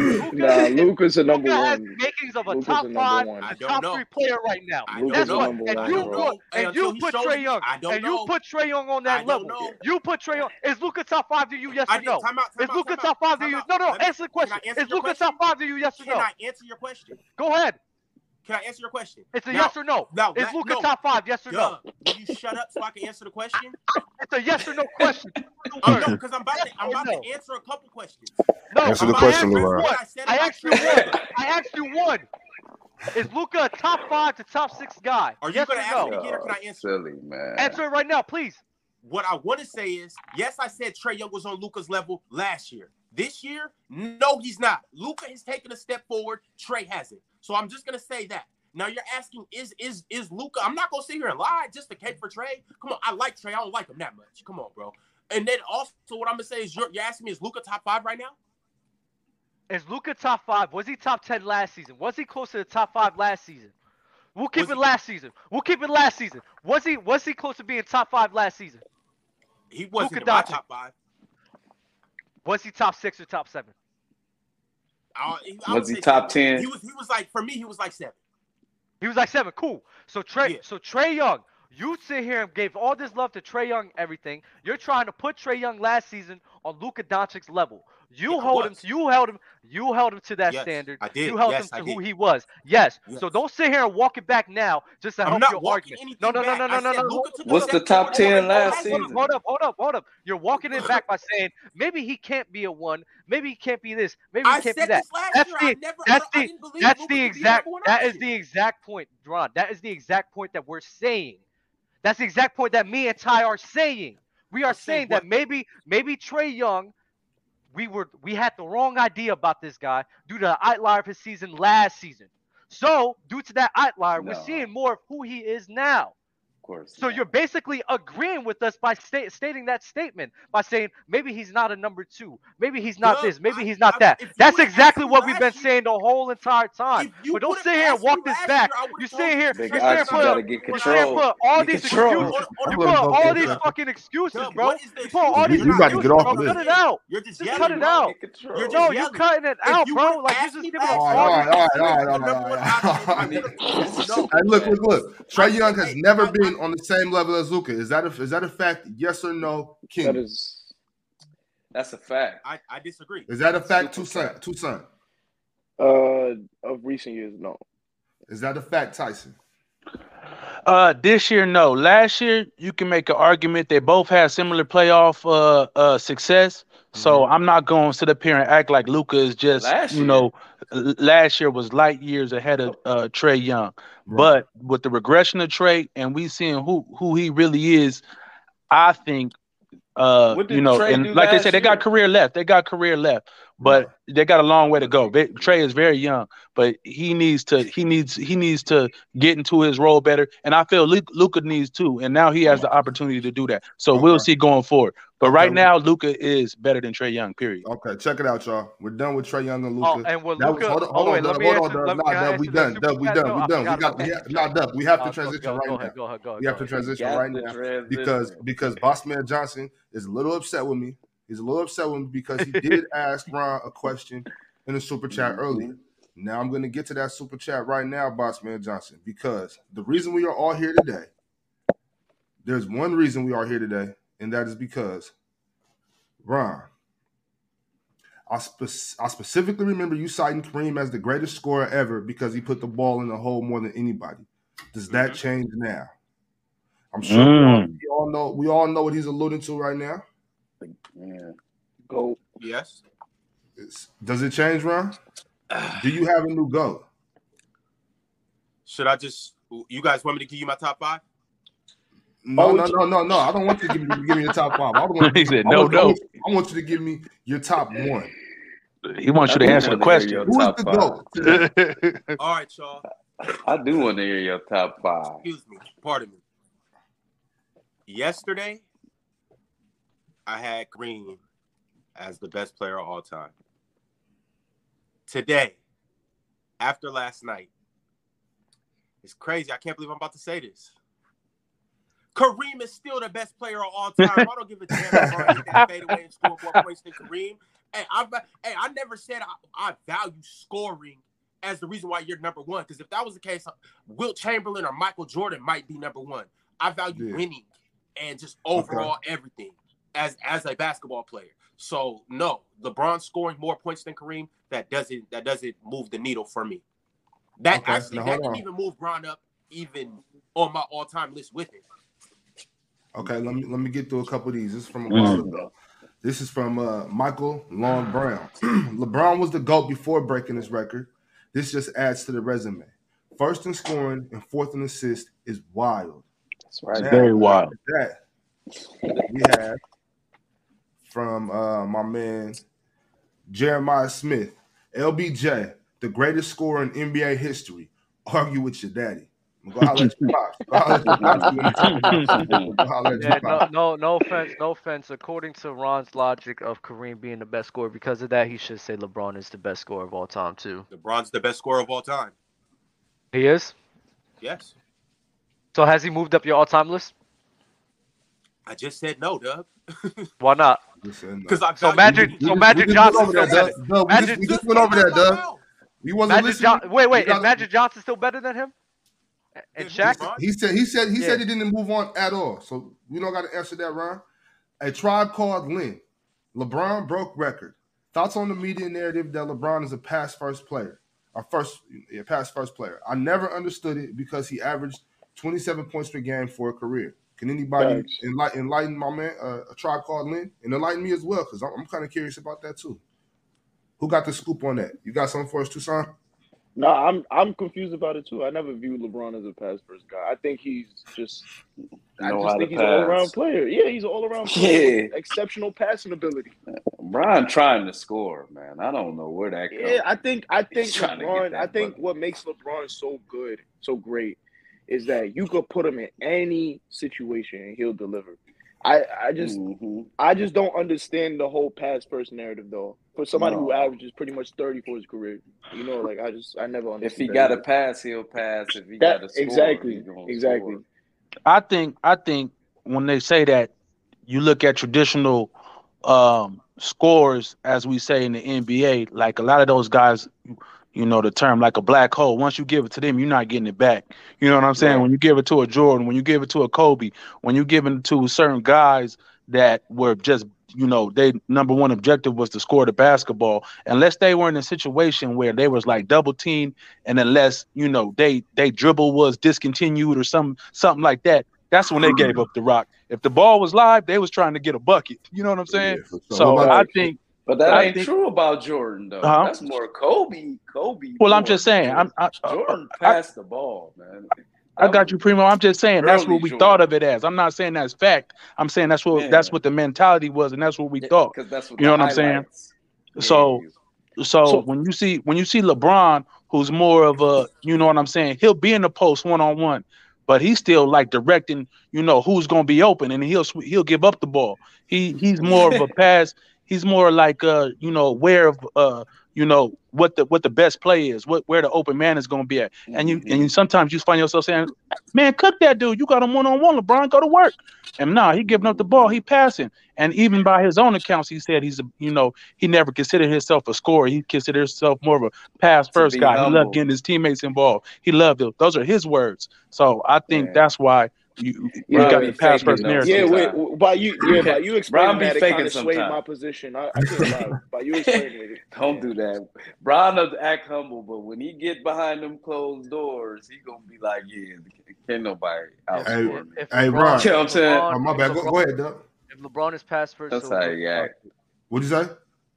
[SPEAKER 6] Nah,
[SPEAKER 1] Luca.
[SPEAKER 6] Luca's the number
[SPEAKER 1] Luca has
[SPEAKER 6] one.
[SPEAKER 1] makings of a
[SPEAKER 6] Luka's
[SPEAKER 1] top
[SPEAKER 6] the number
[SPEAKER 1] five
[SPEAKER 6] one.
[SPEAKER 1] to
[SPEAKER 2] I don't
[SPEAKER 1] top
[SPEAKER 2] know.
[SPEAKER 1] three player right now.
[SPEAKER 2] I don't
[SPEAKER 1] That's
[SPEAKER 6] Luka's the
[SPEAKER 1] what.
[SPEAKER 2] know.
[SPEAKER 6] number
[SPEAKER 1] And
[SPEAKER 2] I
[SPEAKER 6] one,
[SPEAKER 1] you
[SPEAKER 2] don't
[SPEAKER 1] put
[SPEAKER 6] bro.
[SPEAKER 2] know. Hey,
[SPEAKER 1] and
[SPEAKER 2] until
[SPEAKER 1] you
[SPEAKER 2] he
[SPEAKER 1] put
[SPEAKER 2] shows
[SPEAKER 1] Trey
[SPEAKER 2] me,
[SPEAKER 1] Young
[SPEAKER 2] I don't
[SPEAKER 1] and you
[SPEAKER 2] know.
[SPEAKER 1] put Trey Young on
[SPEAKER 2] I don't
[SPEAKER 1] that level.
[SPEAKER 2] know.
[SPEAKER 1] You put Trey Young. Is Luca top five to you? Yes
[SPEAKER 2] I
[SPEAKER 1] or
[SPEAKER 2] did.
[SPEAKER 1] no?
[SPEAKER 2] Time out. Time
[SPEAKER 1] Is
[SPEAKER 2] out.
[SPEAKER 1] Luca
[SPEAKER 2] Time out.
[SPEAKER 1] top five to
[SPEAKER 2] Time
[SPEAKER 1] you?
[SPEAKER 2] out.
[SPEAKER 1] No, no.
[SPEAKER 2] Let me-
[SPEAKER 1] Answer the question.
[SPEAKER 2] Can I answer
[SPEAKER 1] Is
[SPEAKER 2] your
[SPEAKER 1] Luca
[SPEAKER 2] question?
[SPEAKER 1] top five to you? Yes or
[SPEAKER 2] Can
[SPEAKER 1] no?
[SPEAKER 2] I answer your question?
[SPEAKER 1] Go ahead.
[SPEAKER 2] Can I answer your question?
[SPEAKER 1] It's a
[SPEAKER 2] Now-
[SPEAKER 1] yes or no.
[SPEAKER 2] Now,
[SPEAKER 1] Is
[SPEAKER 2] let-
[SPEAKER 1] Luca
[SPEAKER 2] no,
[SPEAKER 1] top five? Yes or no?
[SPEAKER 2] Duh. Will you shut up so I can answer the question?
[SPEAKER 1] It's a yes or no question.
[SPEAKER 2] Oh
[SPEAKER 1] Word.
[SPEAKER 2] no, because I'm about to.
[SPEAKER 1] Yes
[SPEAKER 2] I'm
[SPEAKER 1] or
[SPEAKER 2] about
[SPEAKER 1] no?
[SPEAKER 2] to answer a couple questions.
[SPEAKER 1] No.
[SPEAKER 5] Answer
[SPEAKER 1] I'm
[SPEAKER 5] the
[SPEAKER 2] about
[SPEAKER 1] not
[SPEAKER 5] question,
[SPEAKER 1] asking
[SPEAKER 2] to
[SPEAKER 1] you
[SPEAKER 2] answer
[SPEAKER 5] Levar.
[SPEAKER 1] one.
[SPEAKER 2] what I said
[SPEAKER 1] I
[SPEAKER 2] about
[SPEAKER 1] asked you
[SPEAKER 2] Trey
[SPEAKER 1] one.
[SPEAKER 2] Young.
[SPEAKER 1] I asked you one. Is Luca a top five to top six guy?
[SPEAKER 2] Are you
[SPEAKER 1] yes
[SPEAKER 2] gonna
[SPEAKER 1] or
[SPEAKER 2] ask
[SPEAKER 1] no?
[SPEAKER 2] me? Peter, can I
[SPEAKER 3] Y'all
[SPEAKER 2] answer?
[SPEAKER 3] silly man.
[SPEAKER 1] Answer it right now, please.
[SPEAKER 2] What I want to say is, yes, I said Trey Young was on Luca's level last year. This year, no, he's not. Luca has taken a step forward. Trey hasn't. So I'm just gonna say that. Now you're asking, is is is Luca? I'm not gonna sit here and lie just to cape for Trey. Come on, I like Trey. I don't like him that much. Come on, bro. And then also, what I'm gonna say is, you're, you're asking me, is Luca top five right now?
[SPEAKER 1] Is Luca top five? Was he top ten last season? Was he close to the top five last season? We'll keep
[SPEAKER 2] Was
[SPEAKER 1] it
[SPEAKER 2] he-
[SPEAKER 1] last season. We'll keep it last season. Was he was he close to being top five last season?
[SPEAKER 2] He wasn't
[SPEAKER 1] Luka
[SPEAKER 2] in my
[SPEAKER 1] Doncic.
[SPEAKER 2] top five.
[SPEAKER 1] Was he top six or top seven?
[SPEAKER 2] I, I would
[SPEAKER 3] Was he
[SPEAKER 2] say
[SPEAKER 3] top
[SPEAKER 2] seven.
[SPEAKER 3] ten?
[SPEAKER 2] He was. He was like for me. He was like seven.
[SPEAKER 1] He was like seven. Cool. So Trey,
[SPEAKER 2] Yeah.
[SPEAKER 1] so Trey Young, you sit here and gave all this love to Trey Young, everything. You're trying to put Trey Young last season on Luka Doncic's level. You
[SPEAKER 2] Yeah, I
[SPEAKER 1] hold him.
[SPEAKER 2] was.
[SPEAKER 1] You held him. You held him to that
[SPEAKER 2] Yes,
[SPEAKER 1] standard.
[SPEAKER 2] I did.
[SPEAKER 1] You held
[SPEAKER 2] Yes,
[SPEAKER 1] him
[SPEAKER 2] I
[SPEAKER 1] to who
[SPEAKER 2] did.
[SPEAKER 1] he was. Yes. So
[SPEAKER 2] Yes.
[SPEAKER 1] don't sit here and walk it back now just to
[SPEAKER 2] I'm
[SPEAKER 1] help
[SPEAKER 2] not
[SPEAKER 1] your
[SPEAKER 2] walking
[SPEAKER 1] argument.
[SPEAKER 2] anything
[SPEAKER 1] No, no, no,
[SPEAKER 2] back.
[SPEAKER 1] no, no,
[SPEAKER 2] I
[SPEAKER 1] no,
[SPEAKER 2] said
[SPEAKER 1] no.
[SPEAKER 2] Luka took a
[SPEAKER 3] What's
[SPEAKER 2] step
[SPEAKER 3] the top
[SPEAKER 2] forward over
[SPEAKER 3] ten
[SPEAKER 2] him
[SPEAKER 3] last
[SPEAKER 1] Hold up,
[SPEAKER 3] season?
[SPEAKER 1] hold up, hold up, hold up. You're walking it back by saying maybe he can't be a one, maybe he can't be this, maybe he
[SPEAKER 2] I
[SPEAKER 1] can't
[SPEAKER 2] said
[SPEAKER 1] be that.
[SPEAKER 2] this last
[SPEAKER 1] That's
[SPEAKER 2] year.
[SPEAKER 1] the-
[SPEAKER 2] I never.
[SPEAKER 1] that's
[SPEAKER 2] I,
[SPEAKER 1] the-
[SPEAKER 2] I didn't believe
[SPEAKER 1] That's
[SPEAKER 2] Luka
[SPEAKER 1] the
[SPEAKER 2] could
[SPEAKER 1] exact
[SPEAKER 2] Be a number one
[SPEAKER 1] that is
[SPEAKER 2] option.
[SPEAKER 1] the exact point, Ron. That is the exact point that we're saying. That's the exact point that me and Ty are saying. We are
[SPEAKER 2] I'm saying
[SPEAKER 1] saying that
[SPEAKER 2] what?
[SPEAKER 1] maybe maybe Trey Young, we were we had the wrong idea about this guy due to the outlier of his season last season. So due to that outlier, we're
[SPEAKER 3] No.
[SPEAKER 1] seeing more of who he is now.
[SPEAKER 3] Of course.
[SPEAKER 1] So
[SPEAKER 3] not.
[SPEAKER 1] you're basically agreeing with us by sta- stating that statement by saying maybe he's not a number two, maybe he's not
[SPEAKER 2] Duh,
[SPEAKER 1] this, maybe
[SPEAKER 2] I-
[SPEAKER 1] he's not
[SPEAKER 2] I-
[SPEAKER 1] that.
[SPEAKER 2] if you
[SPEAKER 1] That's
[SPEAKER 2] would've
[SPEAKER 1] exactly
[SPEAKER 2] asked me
[SPEAKER 1] what we've
[SPEAKER 2] last
[SPEAKER 1] been
[SPEAKER 2] year-
[SPEAKER 1] saying the whole entire time.
[SPEAKER 2] If you
[SPEAKER 1] But don't
[SPEAKER 2] would've
[SPEAKER 1] sit here and
[SPEAKER 2] asked me
[SPEAKER 1] walk this
[SPEAKER 2] last
[SPEAKER 1] back.
[SPEAKER 2] year, I would've
[SPEAKER 1] You sit
[SPEAKER 2] told you
[SPEAKER 1] here,
[SPEAKER 2] Trey
[SPEAKER 1] you
[SPEAKER 3] Big
[SPEAKER 1] sit
[SPEAKER 2] Young
[SPEAKER 1] here
[SPEAKER 3] Ox,
[SPEAKER 1] and
[SPEAKER 2] was not
[SPEAKER 1] put up,
[SPEAKER 3] you gotta
[SPEAKER 2] a
[SPEAKER 3] get
[SPEAKER 1] you
[SPEAKER 2] number
[SPEAKER 1] sit
[SPEAKER 2] one
[SPEAKER 1] here and
[SPEAKER 3] control.
[SPEAKER 1] put up all
[SPEAKER 3] Get
[SPEAKER 1] these
[SPEAKER 3] control.
[SPEAKER 1] excuses.
[SPEAKER 2] Hold on, hold on,
[SPEAKER 1] You
[SPEAKER 5] I'm
[SPEAKER 1] put
[SPEAKER 5] gonna
[SPEAKER 1] up all
[SPEAKER 5] vote that
[SPEAKER 1] these
[SPEAKER 5] up.
[SPEAKER 1] fucking excuses,
[SPEAKER 2] Duh,
[SPEAKER 1] bro.
[SPEAKER 2] What is the
[SPEAKER 1] You put all
[SPEAKER 2] excuse?
[SPEAKER 1] these
[SPEAKER 5] You,
[SPEAKER 2] You're
[SPEAKER 5] you
[SPEAKER 2] not.
[SPEAKER 5] about to
[SPEAKER 1] excuses,
[SPEAKER 5] get
[SPEAKER 2] You're
[SPEAKER 5] off
[SPEAKER 2] not
[SPEAKER 1] bro. Cut it
[SPEAKER 5] this.
[SPEAKER 2] yelling.
[SPEAKER 1] out.
[SPEAKER 2] You're just
[SPEAKER 1] Just
[SPEAKER 2] yelling.
[SPEAKER 1] cut it
[SPEAKER 2] bro.
[SPEAKER 1] out.
[SPEAKER 2] You're
[SPEAKER 3] Control.
[SPEAKER 2] just
[SPEAKER 1] No, you
[SPEAKER 2] yelling.
[SPEAKER 1] cutting it
[SPEAKER 2] If
[SPEAKER 1] out,
[SPEAKER 2] you
[SPEAKER 1] bro.
[SPEAKER 2] would've
[SPEAKER 1] Like you
[SPEAKER 2] asked
[SPEAKER 1] just
[SPEAKER 2] me
[SPEAKER 1] giving
[SPEAKER 5] All
[SPEAKER 2] last year,
[SPEAKER 5] right,
[SPEAKER 1] all
[SPEAKER 2] who's the
[SPEAKER 1] these
[SPEAKER 5] all right, all right, all right, all
[SPEAKER 2] number one
[SPEAKER 5] right, all
[SPEAKER 2] option?
[SPEAKER 5] right.
[SPEAKER 2] I would have told you no.
[SPEAKER 5] All right. Hey, look, look, look. Trey
[SPEAKER 2] I said,
[SPEAKER 5] Young has
[SPEAKER 2] hey,
[SPEAKER 5] never
[SPEAKER 2] I, I,
[SPEAKER 5] been on the same level as Luca. Is that a is that a fact? Yes or no,
[SPEAKER 6] That
[SPEAKER 5] King?
[SPEAKER 6] is
[SPEAKER 3] That's a fact.
[SPEAKER 2] I, I disagree.
[SPEAKER 5] Is that a fact,
[SPEAKER 3] Super
[SPEAKER 5] Toussaint?
[SPEAKER 3] fact.
[SPEAKER 5] Toussaint?
[SPEAKER 6] uh of recent years. No,
[SPEAKER 5] Is that a fact, Tyson?
[SPEAKER 4] Uh, this year, no. Last year, you can make an argument they both had similar playoff uh, uh success. So I'm not going to sit up here and act like Luca is just,
[SPEAKER 3] Mm-hmm. Last
[SPEAKER 4] you
[SPEAKER 3] year.
[SPEAKER 4] know, l- last year was light years ahead of uh, Trey Young. But with the regression of Trey and we seeing who who he really is, I think uh,
[SPEAKER 3] What did
[SPEAKER 4] you know,
[SPEAKER 3] Trey
[SPEAKER 4] and
[SPEAKER 3] do
[SPEAKER 4] like they
[SPEAKER 3] last
[SPEAKER 4] said, they got
[SPEAKER 3] year?
[SPEAKER 4] career left. They got career left, but they got a long way to go. They, Trey is very young, but he needs to. He needs. He needs to get into his role better. And I feel Luca needs too. And now he has the opportunity to do that. So we'll
[SPEAKER 5] Okay.
[SPEAKER 4] see going forward. But
[SPEAKER 5] Okay.
[SPEAKER 4] right now, Luca is better than Trey Young. Period.
[SPEAKER 5] Okay, check it out, y'all. We're done with Trey Young and
[SPEAKER 1] Oh,
[SPEAKER 5] Luca.
[SPEAKER 1] and with
[SPEAKER 5] That was
[SPEAKER 1] Luca.
[SPEAKER 5] hold on,
[SPEAKER 1] Oh
[SPEAKER 5] hold on,
[SPEAKER 1] wait, let
[SPEAKER 5] Dub.
[SPEAKER 1] me
[SPEAKER 5] Hold on,
[SPEAKER 1] answer.
[SPEAKER 5] Dub.
[SPEAKER 1] Let me
[SPEAKER 5] Nah,
[SPEAKER 1] can I
[SPEAKER 5] Dub, we
[SPEAKER 1] answer that
[SPEAKER 5] done.
[SPEAKER 1] super
[SPEAKER 5] Dub, we
[SPEAKER 1] chat
[SPEAKER 5] done.
[SPEAKER 1] though?
[SPEAKER 5] We
[SPEAKER 1] I
[SPEAKER 5] done. We
[SPEAKER 1] forgot
[SPEAKER 5] got
[SPEAKER 1] about
[SPEAKER 5] we
[SPEAKER 1] that.
[SPEAKER 5] have nah, Dub. We have to
[SPEAKER 1] Oh, go,
[SPEAKER 5] transition
[SPEAKER 1] go,
[SPEAKER 5] right
[SPEAKER 1] go
[SPEAKER 5] now.
[SPEAKER 1] ahead, go ahead, go ahead,
[SPEAKER 5] We
[SPEAKER 1] go
[SPEAKER 5] have
[SPEAKER 1] ahead.
[SPEAKER 5] to transition
[SPEAKER 3] Got
[SPEAKER 5] right
[SPEAKER 3] the
[SPEAKER 5] now because
[SPEAKER 3] transition.
[SPEAKER 5] because boss man Johnson is a little upset with me. He's a little upset with me because he did ask Ron a question in the super chat earlier.
[SPEAKER 3] Mhm.
[SPEAKER 5] Now I'm gonna get to that super chat right now, boss man Johnson, because the reason we are all here today, there's one reason we are here today, and that is because Ron, I, spe- I specifically remember you citing Kareem as the greatest scorer ever because he put the ball in the hole more than anybody. Does that change now? I'm sure
[SPEAKER 4] Mm.
[SPEAKER 5] we, all, we all know we all know what he's alluding to right now.
[SPEAKER 3] Yeah.
[SPEAKER 6] Go.
[SPEAKER 2] Yes.
[SPEAKER 5] It's- does it change, Ron? Do you have a new goal?
[SPEAKER 2] Should I just? You guys want me to give you my top five?
[SPEAKER 5] No,
[SPEAKER 6] Oh,
[SPEAKER 5] no,
[SPEAKER 6] we-
[SPEAKER 5] no, no, no. I don't want you to give me, give me your top five. I want
[SPEAKER 4] He said,
[SPEAKER 5] I
[SPEAKER 4] "No,
[SPEAKER 5] want- I
[SPEAKER 4] no."
[SPEAKER 5] want- I want you to give me your top one.
[SPEAKER 4] He wants you to
[SPEAKER 3] I do
[SPEAKER 4] answer the
[SPEAKER 3] wanna hear
[SPEAKER 4] question.
[SPEAKER 3] your
[SPEAKER 5] Who is
[SPEAKER 3] top
[SPEAKER 5] the
[SPEAKER 3] five.
[SPEAKER 5] goat? tonight?
[SPEAKER 4] That's
[SPEAKER 2] All right, y'all.
[SPEAKER 3] I do want to hear your top five.
[SPEAKER 2] Excuse me. Pardon me. Yesterday, I had Green as the best player of all time. Today, after last night, it's crazy. I can't believe I'm about to say this. Kareem is still the best player of all time. I don't give a damn if Bron hit that fadeaway and scored more points than Kareem. Hey, I, hey, I never said I, I value scoring as the reason why you're number one. Because if that was the case, Wilt Chamberlain or Michael Jordan might be number one. I value
[SPEAKER 5] Yeah.
[SPEAKER 2] winning and just overall everything as as a basketball player. So no, LeBron scoring more points than Kareem that doesn't that doesn't move the needle for me. That
[SPEAKER 5] Okay,
[SPEAKER 2] actually
[SPEAKER 5] now
[SPEAKER 2] that
[SPEAKER 5] hold
[SPEAKER 2] didn't
[SPEAKER 5] on.
[SPEAKER 2] even move Bron up even on my all time list with it.
[SPEAKER 5] Okay, let me let me get through a couple of these. This is from a
[SPEAKER 4] Mm.
[SPEAKER 5] while ago. This is from uh, Michael Long Brown. LeBron was the GOAT before breaking his record. This just adds to the resume. First in scoring and fourth in assist is wild.
[SPEAKER 4] It's
[SPEAKER 5] Now,
[SPEAKER 4] very wild.
[SPEAKER 5] after that we have from uh, my man Jeremiah Smith, LBJ, the greatest scorer in NBA history. Argue with your daddy. Go holler at your pops. Go holler at your pops. when you talk about shit. Go holler at your
[SPEAKER 1] Yeah, no,
[SPEAKER 5] pops.
[SPEAKER 1] no, no offense, no offense. According to Ron's logic of Kareem being the best scorer, because of that, he should say LeBron is the best scorer of all time too.
[SPEAKER 2] LeBron's the best scorer of all time.
[SPEAKER 1] He is.
[SPEAKER 2] Yes.
[SPEAKER 1] So has he moved up your all-time list?
[SPEAKER 2] I just said no, Doug.
[SPEAKER 1] Why not?
[SPEAKER 5] Just saying no.
[SPEAKER 2] Because I
[SPEAKER 1] So
[SPEAKER 2] value
[SPEAKER 1] Magic,
[SPEAKER 2] winning.
[SPEAKER 5] We
[SPEAKER 1] so
[SPEAKER 5] just-
[SPEAKER 1] Magic
[SPEAKER 5] we just
[SPEAKER 1] Johnson
[SPEAKER 5] went over
[SPEAKER 1] still better.
[SPEAKER 5] that, Doug. Doug, we, just,
[SPEAKER 1] Magic
[SPEAKER 5] we just
[SPEAKER 2] Just
[SPEAKER 5] went over
[SPEAKER 2] came
[SPEAKER 5] that,
[SPEAKER 2] out my
[SPEAKER 5] Doug.
[SPEAKER 2] mouth.
[SPEAKER 5] You wasn't
[SPEAKER 1] Magic
[SPEAKER 5] listening.
[SPEAKER 1] John. Wait, wait.
[SPEAKER 5] You
[SPEAKER 1] Is
[SPEAKER 5] gotta-
[SPEAKER 1] Magic Johnson still better than him? And
[SPEAKER 2] Yeah,
[SPEAKER 1] Shaq.
[SPEAKER 2] who, Bron?
[SPEAKER 5] He said he said he said
[SPEAKER 1] Yeah.
[SPEAKER 5] he didn't move on at all. So we don't got to answer that, Ron. A tribe called Lynn. LeBron broke record. Thoughts on the media narrative that LeBron is a pass first player, or first yeah, pass first player. I never understood it because he averaged 27 points per game for a career. Can anybody
[SPEAKER 6] Facts.
[SPEAKER 5] enlighten, enlighten my man, uh, a tribe called Lynn, and enlighten me as well? Because I'm, I'm kind of curious about that too. Who got the scoop on that? You got something for us, Tucson?
[SPEAKER 6] No, I'm I'm confused about it too. I never viewed LeBron as a pass first guy. I think he's just I
[SPEAKER 3] Know
[SPEAKER 6] just
[SPEAKER 3] how to
[SPEAKER 6] think he's an all around
[SPEAKER 3] pass.
[SPEAKER 6] player. Yeah, he's an all around player with
[SPEAKER 3] Yeah.
[SPEAKER 6] exceptional passing ability.
[SPEAKER 3] Brian trying to score, man. I don't know where that
[SPEAKER 6] Yeah, I
[SPEAKER 3] comes.
[SPEAKER 6] think I think
[SPEAKER 3] He's trying to get
[SPEAKER 6] LeBron.
[SPEAKER 3] that
[SPEAKER 6] I think
[SPEAKER 3] bucket.
[SPEAKER 6] what makes LeBron so good, so great, is that you could put him in any situation and he'll deliver. I I just Mm-hmm.
[SPEAKER 3] hmm
[SPEAKER 6] I just don't understand the whole pass first narrative though. For somebody who
[SPEAKER 3] No.
[SPEAKER 6] averages pretty much thirty for his career, you know, like I just I never
[SPEAKER 3] If he
[SPEAKER 6] understood
[SPEAKER 3] got
[SPEAKER 6] that.
[SPEAKER 3] a
[SPEAKER 6] either.
[SPEAKER 3] pass, he'll pass. If he
[SPEAKER 6] That
[SPEAKER 3] got a score,
[SPEAKER 6] exactly,
[SPEAKER 3] he's gonna
[SPEAKER 6] exactly.
[SPEAKER 3] score.
[SPEAKER 4] I think I think when they say that, you look at traditional um scores, as we say in the NBA, like a lot of those guys, you know, the term like a black hole. Once you give it to them, you're not getting it back. You know what I'm saying?
[SPEAKER 6] Right.
[SPEAKER 4] When you give it to a Jordan, when you give it to a Kobe, when you give it to certain guys that were just you know, they number one objective was to score the basketball. Unless they were in a situation where they was like double team and unless you know they they dribble was discontinued or some something like that that's when they gave up the rock if the ball was live they was trying to get a bucket you know what i'm
[SPEAKER 5] Yeah,
[SPEAKER 4] saying
[SPEAKER 5] for sure. What
[SPEAKER 4] so
[SPEAKER 5] about
[SPEAKER 4] i
[SPEAKER 6] Facts.
[SPEAKER 4] think
[SPEAKER 3] But that
[SPEAKER 4] i
[SPEAKER 3] ain't
[SPEAKER 4] think
[SPEAKER 3] true about Jordan though.
[SPEAKER 4] huh
[SPEAKER 3] That's more Kobe. Kobe
[SPEAKER 4] well i'm
[SPEAKER 3] more
[SPEAKER 4] just saying
[SPEAKER 3] Jordan.
[SPEAKER 4] i'm i, I,
[SPEAKER 3] Jordan
[SPEAKER 4] I
[SPEAKER 3] passed the ball, man.
[SPEAKER 4] I
[SPEAKER 3] That
[SPEAKER 4] got
[SPEAKER 3] was
[SPEAKER 4] you, Primo. I'm just saying that's
[SPEAKER 3] early
[SPEAKER 4] what we thought
[SPEAKER 3] Jordan.
[SPEAKER 4] of it as. I'm not saying that's fact. I'm saying that's what
[SPEAKER 3] Yeah.
[SPEAKER 4] that's what the mentality was, and that's what we thought.
[SPEAKER 3] Because that's what
[SPEAKER 4] You
[SPEAKER 3] the
[SPEAKER 4] know what I'm saying?
[SPEAKER 3] highlights
[SPEAKER 4] So
[SPEAKER 3] gave you.
[SPEAKER 4] So
[SPEAKER 6] So
[SPEAKER 4] when you see when you see LeBron, who's more of a you know what I'm saying, he'll be in the post one on one, but he's still like directing you know who's gonna be open, and he'll sw- he'll give up the ball. He he's more of a pass. He's more like uh you know aware of uh you know what the what the best play is, what where the open man is gonna be at, and you and
[SPEAKER 3] hmm
[SPEAKER 4] you sometimes you find yourself saying, man, cook that dude. You got him one on one. LeBron, go to work. And nah, he giving up the ball.
[SPEAKER 3] hmm
[SPEAKER 4] He passing, and even by his own accounts, he said he's a you know he never considered himself a scorer. He considered himself more of a pass
[SPEAKER 3] To
[SPEAKER 4] first
[SPEAKER 3] be
[SPEAKER 4] guy. He loved
[SPEAKER 3] humble.
[SPEAKER 4] getting his teammates involved. He loved it. Those are his words. So I think
[SPEAKER 3] Yeah.
[SPEAKER 4] that's why you, you
[SPEAKER 3] Bro,
[SPEAKER 4] got
[SPEAKER 3] we
[SPEAKER 4] the pass
[SPEAKER 3] faking
[SPEAKER 4] first
[SPEAKER 3] those.
[SPEAKER 4] narrative.
[SPEAKER 6] Yeah, wait,
[SPEAKER 3] sometimes.
[SPEAKER 6] w- by you, yeah, by you explaining
[SPEAKER 3] be
[SPEAKER 6] that, it kind
[SPEAKER 3] faking
[SPEAKER 6] of swayed
[SPEAKER 3] sometimes.
[SPEAKER 6] my position. I, I can't lie. By you explaining it,
[SPEAKER 3] Don't do that. Brian does act humble, but when he get behind them closed doors, he gonna be like, "Yeah, can't nobody
[SPEAKER 5] Hey,
[SPEAKER 3] outscore me."
[SPEAKER 1] If
[SPEAKER 5] Hey,
[SPEAKER 1] LeBron-
[SPEAKER 5] Ron.
[SPEAKER 1] if
[SPEAKER 3] You know what I'm saying?
[SPEAKER 1] LeBron-
[SPEAKER 5] Oh, my
[SPEAKER 1] if
[SPEAKER 5] bad. Go,
[SPEAKER 1] LeBron-
[SPEAKER 5] go ahead, Doug.
[SPEAKER 1] If LeBron is passed first,
[SPEAKER 3] That's
[SPEAKER 1] so
[SPEAKER 3] how
[SPEAKER 1] is
[SPEAKER 3] he
[SPEAKER 1] Luka
[SPEAKER 3] act.
[SPEAKER 1] Doncic.
[SPEAKER 5] What'd you say?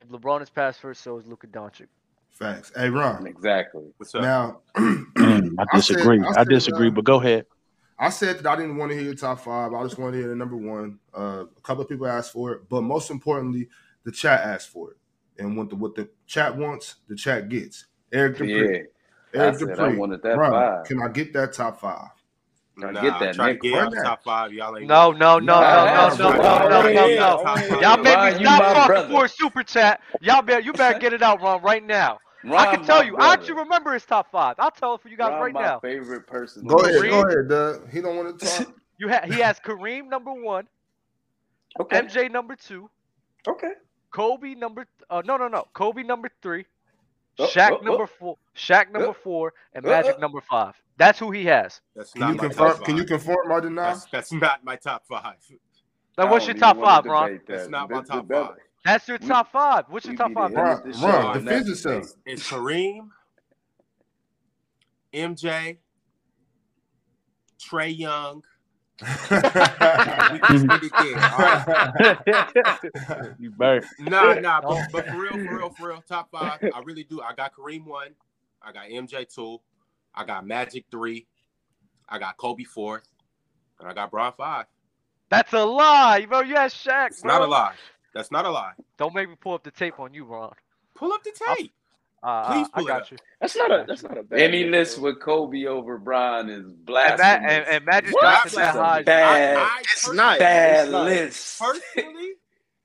[SPEAKER 1] If LeBron is passed first, so is Luka Doncic.
[SPEAKER 5] Facts. Hey, Ron.
[SPEAKER 3] Exactly.
[SPEAKER 2] What's up?
[SPEAKER 5] Now,
[SPEAKER 4] Mm, I
[SPEAKER 5] I said-
[SPEAKER 4] disagree.
[SPEAKER 5] I
[SPEAKER 4] I,
[SPEAKER 5] said,
[SPEAKER 4] disagree.
[SPEAKER 5] uh,
[SPEAKER 4] but go ahead.
[SPEAKER 5] I said that I didn't want to hear your top five. I just wanted to hear the number one. Uh, a couple of people asked for it, but most importantly, the chat asked for it. And what the what the chat wants, the chat gets. Eric Dupree.
[SPEAKER 3] Yeah, I
[SPEAKER 5] Eric
[SPEAKER 3] said I
[SPEAKER 5] Dupree.
[SPEAKER 3] wanted that
[SPEAKER 5] Ron,
[SPEAKER 3] five.
[SPEAKER 5] can I get that top five?
[SPEAKER 3] Now get that
[SPEAKER 2] try to
[SPEAKER 3] nigga.
[SPEAKER 2] get out
[SPEAKER 5] Run that.
[SPEAKER 2] top five. Y'all ain't
[SPEAKER 1] No, no, no, no,
[SPEAKER 5] Nah,
[SPEAKER 1] no,
[SPEAKER 5] that's
[SPEAKER 1] no, no,
[SPEAKER 5] right.
[SPEAKER 1] no, no,
[SPEAKER 6] Yeah,
[SPEAKER 1] no.
[SPEAKER 6] yeah.
[SPEAKER 1] Y'all
[SPEAKER 2] Ron,
[SPEAKER 1] made me
[SPEAKER 3] you
[SPEAKER 1] stop
[SPEAKER 3] my
[SPEAKER 1] talking
[SPEAKER 3] brother.
[SPEAKER 1] for a super chat. Y'all better, you better get it out, Ron, right now. I
[SPEAKER 3] Ron,
[SPEAKER 1] can tell
[SPEAKER 3] my
[SPEAKER 1] you. I
[SPEAKER 3] brother.
[SPEAKER 1] actually remember his top five. I'll tell it for you guys
[SPEAKER 3] Ron,
[SPEAKER 1] right
[SPEAKER 3] my
[SPEAKER 1] now.
[SPEAKER 3] favorite person.
[SPEAKER 5] Go ahead,
[SPEAKER 1] Dupree?
[SPEAKER 5] go ahead, Doug. He don't want to talk.
[SPEAKER 1] You ha- he has Kareem number one,
[SPEAKER 3] Okay.
[SPEAKER 1] MJ number two,
[SPEAKER 3] Okay.
[SPEAKER 1] Kobe number uh, no no no Kobe number three,
[SPEAKER 3] Oh,
[SPEAKER 1] Shaq
[SPEAKER 3] oh,
[SPEAKER 1] number four, Shaq number
[SPEAKER 3] oh.
[SPEAKER 1] four, and
[SPEAKER 3] Oh,
[SPEAKER 1] Magic
[SPEAKER 3] oh.
[SPEAKER 1] number five. That's who he has.
[SPEAKER 2] That's
[SPEAKER 5] Can
[SPEAKER 2] not
[SPEAKER 5] you
[SPEAKER 2] my
[SPEAKER 5] confirm?
[SPEAKER 2] top
[SPEAKER 5] Can you
[SPEAKER 2] five.
[SPEAKER 5] confirm or deny?
[SPEAKER 2] That's, that's not my top five.
[SPEAKER 1] Now,
[SPEAKER 3] I
[SPEAKER 1] what's your
[SPEAKER 3] don't
[SPEAKER 1] top
[SPEAKER 3] even wanna
[SPEAKER 1] five, Ron?
[SPEAKER 3] debate
[SPEAKER 2] That's
[SPEAKER 3] that.
[SPEAKER 2] not my
[SPEAKER 3] This-
[SPEAKER 2] top
[SPEAKER 3] that-
[SPEAKER 2] five.
[SPEAKER 1] That's your
[SPEAKER 3] We-
[SPEAKER 1] top five. What's your
[SPEAKER 3] we
[SPEAKER 1] top
[SPEAKER 3] be
[SPEAKER 1] five?
[SPEAKER 3] the hell
[SPEAKER 5] Ron,
[SPEAKER 3] with this
[SPEAKER 5] Ron,
[SPEAKER 3] show on
[SPEAKER 5] defend
[SPEAKER 3] that
[SPEAKER 5] yourself.
[SPEAKER 3] space.
[SPEAKER 2] It's Kareem, MJ, Trey Young. We can spend it there. All right.
[SPEAKER 4] You better.
[SPEAKER 2] Nah, nah, but, but for real, for real, for real, top five. I really do. I got Kareem one. I got MJ two. I got Magic three. I got Kobe fourth. And I got Bron five.
[SPEAKER 1] That's a lie, bro. You had Shaq.
[SPEAKER 2] It's not a
[SPEAKER 1] bro.
[SPEAKER 2] lie. That's not a lie.
[SPEAKER 1] Don't make me pull up the tape on you, Ron.
[SPEAKER 2] Pull up the tape.
[SPEAKER 1] Uh,
[SPEAKER 2] Please
[SPEAKER 1] uh, I
[SPEAKER 2] pull it
[SPEAKER 1] got
[SPEAKER 2] up.
[SPEAKER 1] you.
[SPEAKER 6] that's not a that's not a bad.
[SPEAKER 3] Any
[SPEAKER 6] pick,
[SPEAKER 3] list
[SPEAKER 6] though.
[SPEAKER 3] with Kobe over Brian is
[SPEAKER 1] And,
[SPEAKER 3] blasphemous.
[SPEAKER 1] Ma- and, and Magic
[SPEAKER 3] What?
[SPEAKER 1] Johnson that
[SPEAKER 3] That's a
[SPEAKER 1] high.
[SPEAKER 3] bad-
[SPEAKER 2] I- I
[SPEAKER 6] It's
[SPEAKER 2] personally-
[SPEAKER 6] not.
[SPEAKER 3] bad
[SPEAKER 6] It's not.
[SPEAKER 3] list.
[SPEAKER 2] personally,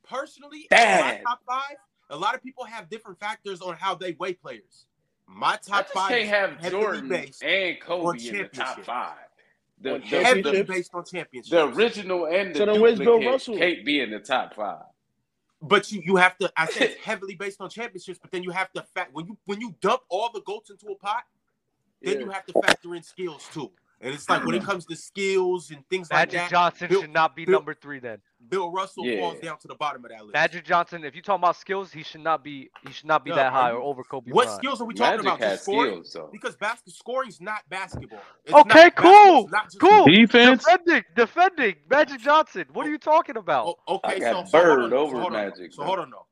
[SPEAKER 2] personally,
[SPEAKER 3] Bad.
[SPEAKER 2] my top five. A lot of people have different factors on how they weigh players. My
[SPEAKER 3] I
[SPEAKER 2] top
[SPEAKER 3] just
[SPEAKER 2] five
[SPEAKER 3] can't
[SPEAKER 2] is
[SPEAKER 3] have
[SPEAKER 2] heavily
[SPEAKER 3] Jordan
[SPEAKER 2] based,
[SPEAKER 3] and
[SPEAKER 2] or
[SPEAKER 3] Kobe in the top
[SPEAKER 2] championship.
[SPEAKER 3] five. The,
[SPEAKER 6] Or
[SPEAKER 3] the-
[SPEAKER 2] heavily
[SPEAKER 3] the,
[SPEAKER 6] championship.
[SPEAKER 2] based on championships.
[SPEAKER 3] the original and the
[SPEAKER 6] So then where's Bill
[SPEAKER 3] duplicate
[SPEAKER 6] Russell?
[SPEAKER 3] can't be in the top five.
[SPEAKER 2] But you, you have to. I say it's heavily based on championships, but then you have to fact when you when you dump all the goats into a pot, then you
[SPEAKER 6] Yeah.
[SPEAKER 2] have to factor in skills too. And it's like when
[SPEAKER 3] Mm.
[SPEAKER 2] it comes to skills and things like
[SPEAKER 1] Magic
[SPEAKER 2] that,
[SPEAKER 1] Johnson
[SPEAKER 2] Bill-
[SPEAKER 1] should not be
[SPEAKER 2] Bill-
[SPEAKER 1] number three then.
[SPEAKER 2] Bill Russell
[SPEAKER 3] Yeah.
[SPEAKER 2] falls down to the bottom of that list.
[SPEAKER 1] Magic Johnson, if you're talking about skills, he should not be he should not be
[SPEAKER 2] No,
[SPEAKER 1] that
[SPEAKER 2] bro,
[SPEAKER 1] high
[SPEAKER 2] you-
[SPEAKER 1] or over Kobe
[SPEAKER 2] what
[SPEAKER 1] Bryant.
[SPEAKER 2] skills are we talking
[SPEAKER 3] Magic
[SPEAKER 2] about?
[SPEAKER 3] has
[SPEAKER 2] Just scoring?
[SPEAKER 3] skills, though.
[SPEAKER 2] Because basket scoring's not basketball. It's
[SPEAKER 1] Okay,
[SPEAKER 2] not basketball.
[SPEAKER 1] cool,
[SPEAKER 2] It's not just-
[SPEAKER 1] cool.
[SPEAKER 4] Oh, Defense.
[SPEAKER 3] Oh,
[SPEAKER 1] Defending, defending, Magic Johnson. What are you talking about?
[SPEAKER 2] Oh, okay,
[SPEAKER 3] I got
[SPEAKER 2] so, so hold
[SPEAKER 3] Bird
[SPEAKER 2] on,
[SPEAKER 3] over
[SPEAKER 2] so hold on,
[SPEAKER 3] Magic,
[SPEAKER 2] So
[SPEAKER 3] though.
[SPEAKER 2] hold on, though.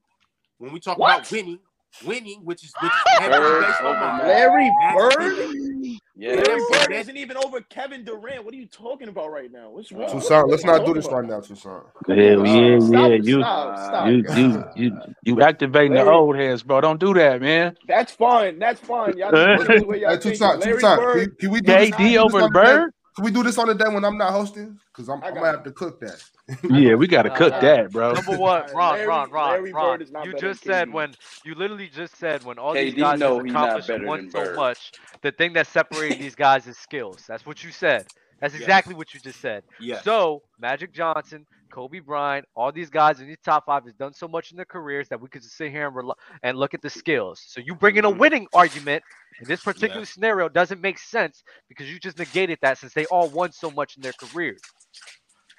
[SPEAKER 2] When we talk
[SPEAKER 6] What?
[SPEAKER 2] about winning, winning, which is which is heavily
[SPEAKER 3] Bird
[SPEAKER 2] based
[SPEAKER 3] over
[SPEAKER 2] on
[SPEAKER 3] Magic.
[SPEAKER 6] Larry
[SPEAKER 2] Magic
[SPEAKER 6] Bird.
[SPEAKER 3] Yeah.
[SPEAKER 6] Larry
[SPEAKER 2] Yes.
[SPEAKER 6] Bird isn't even over Kevin Durant. What are you talking about right now? What's wrong?
[SPEAKER 5] Tucson, Uh, let's
[SPEAKER 6] What are
[SPEAKER 5] not do
[SPEAKER 6] you talking
[SPEAKER 5] this
[SPEAKER 6] about?
[SPEAKER 5] right now, Tucson.
[SPEAKER 4] Hell yeah,
[SPEAKER 6] Stop
[SPEAKER 4] yeah.
[SPEAKER 6] it!
[SPEAKER 4] You,
[SPEAKER 6] Stop! Stop!
[SPEAKER 4] you, you, you, you activating the
[SPEAKER 6] Larry-
[SPEAKER 4] old heads, bro. Don't do that, man.
[SPEAKER 6] That's fine. That's fine. Y'all just
[SPEAKER 4] Hey,
[SPEAKER 6] put it the way y'all
[SPEAKER 5] Hey,
[SPEAKER 6] think.
[SPEAKER 5] Tucson,
[SPEAKER 6] Larry
[SPEAKER 5] Tucson,
[SPEAKER 6] Bird.
[SPEAKER 5] can, can we do this?
[SPEAKER 4] KD
[SPEAKER 5] Can we do this
[SPEAKER 4] over
[SPEAKER 5] on the day?
[SPEAKER 4] Bird?
[SPEAKER 5] Can we do this on the day when I'm not hosting? Because I'm,
[SPEAKER 6] I
[SPEAKER 5] I'm
[SPEAKER 6] got
[SPEAKER 5] gonna have to
[SPEAKER 6] you.
[SPEAKER 5] cook that.
[SPEAKER 4] Yeah, we gotta
[SPEAKER 1] Nah,
[SPEAKER 4] cook
[SPEAKER 3] Uh,
[SPEAKER 1] nah.
[SPEAKER 4] that, bro.
[SPEAKER 1] Number one,
[SPEAKER 6] Alright,
[SPEAKER 1] Ron,
[SPEAKER 6] Larry-
[SPEAKER 1] Ron, Ron,
[SPEAKER 6] Larry Bird
[SPEAKER 1] Ron.
[SPEAKER 6] is not
[SPEAKER 1] you
[SPEAKER 6] better
[SPEAKER 1] just
[SPEAKER 6] than
[SPEAKER 1] said
[SPEAKER 6] KD.
[SPEAKER 1] when you literally just said when all these
[SPEAKER 3] KD
[SPEAKER 1] guys
[SPEAKER 3] know
[SPEAKER 1] has
[SPEAKER 3] he not
[SPEAKER 1] accomplished
[SPEAKER 3] better
[SPEAKER 1] one
[SPEAKER 3] than
[SPEAKER 1] so
[SPEAKER 3] Bird.
[SPEAKER 1] much, the thing that separated these guys is skills. That's what you said. That's
[SPEAKER 2] Yes.
[SPEAKER 1] exactly what you just said.
[SPEAKER 2] Yes.
[SPEAKER 1] So Magic Johnson, Kobe Bryant, all these guys in these top five has done so much in their careers that we could just sit here and rel- and look at the skills. So you bring in a
[SPEAKER 2] Mhm.
[SPEAKER 1] winning argument in this particular
[SPEAKER 2] Yeah.
[SPEAKER 1] scenario doesn't make sense because you just negated that since they all won so much in their careers.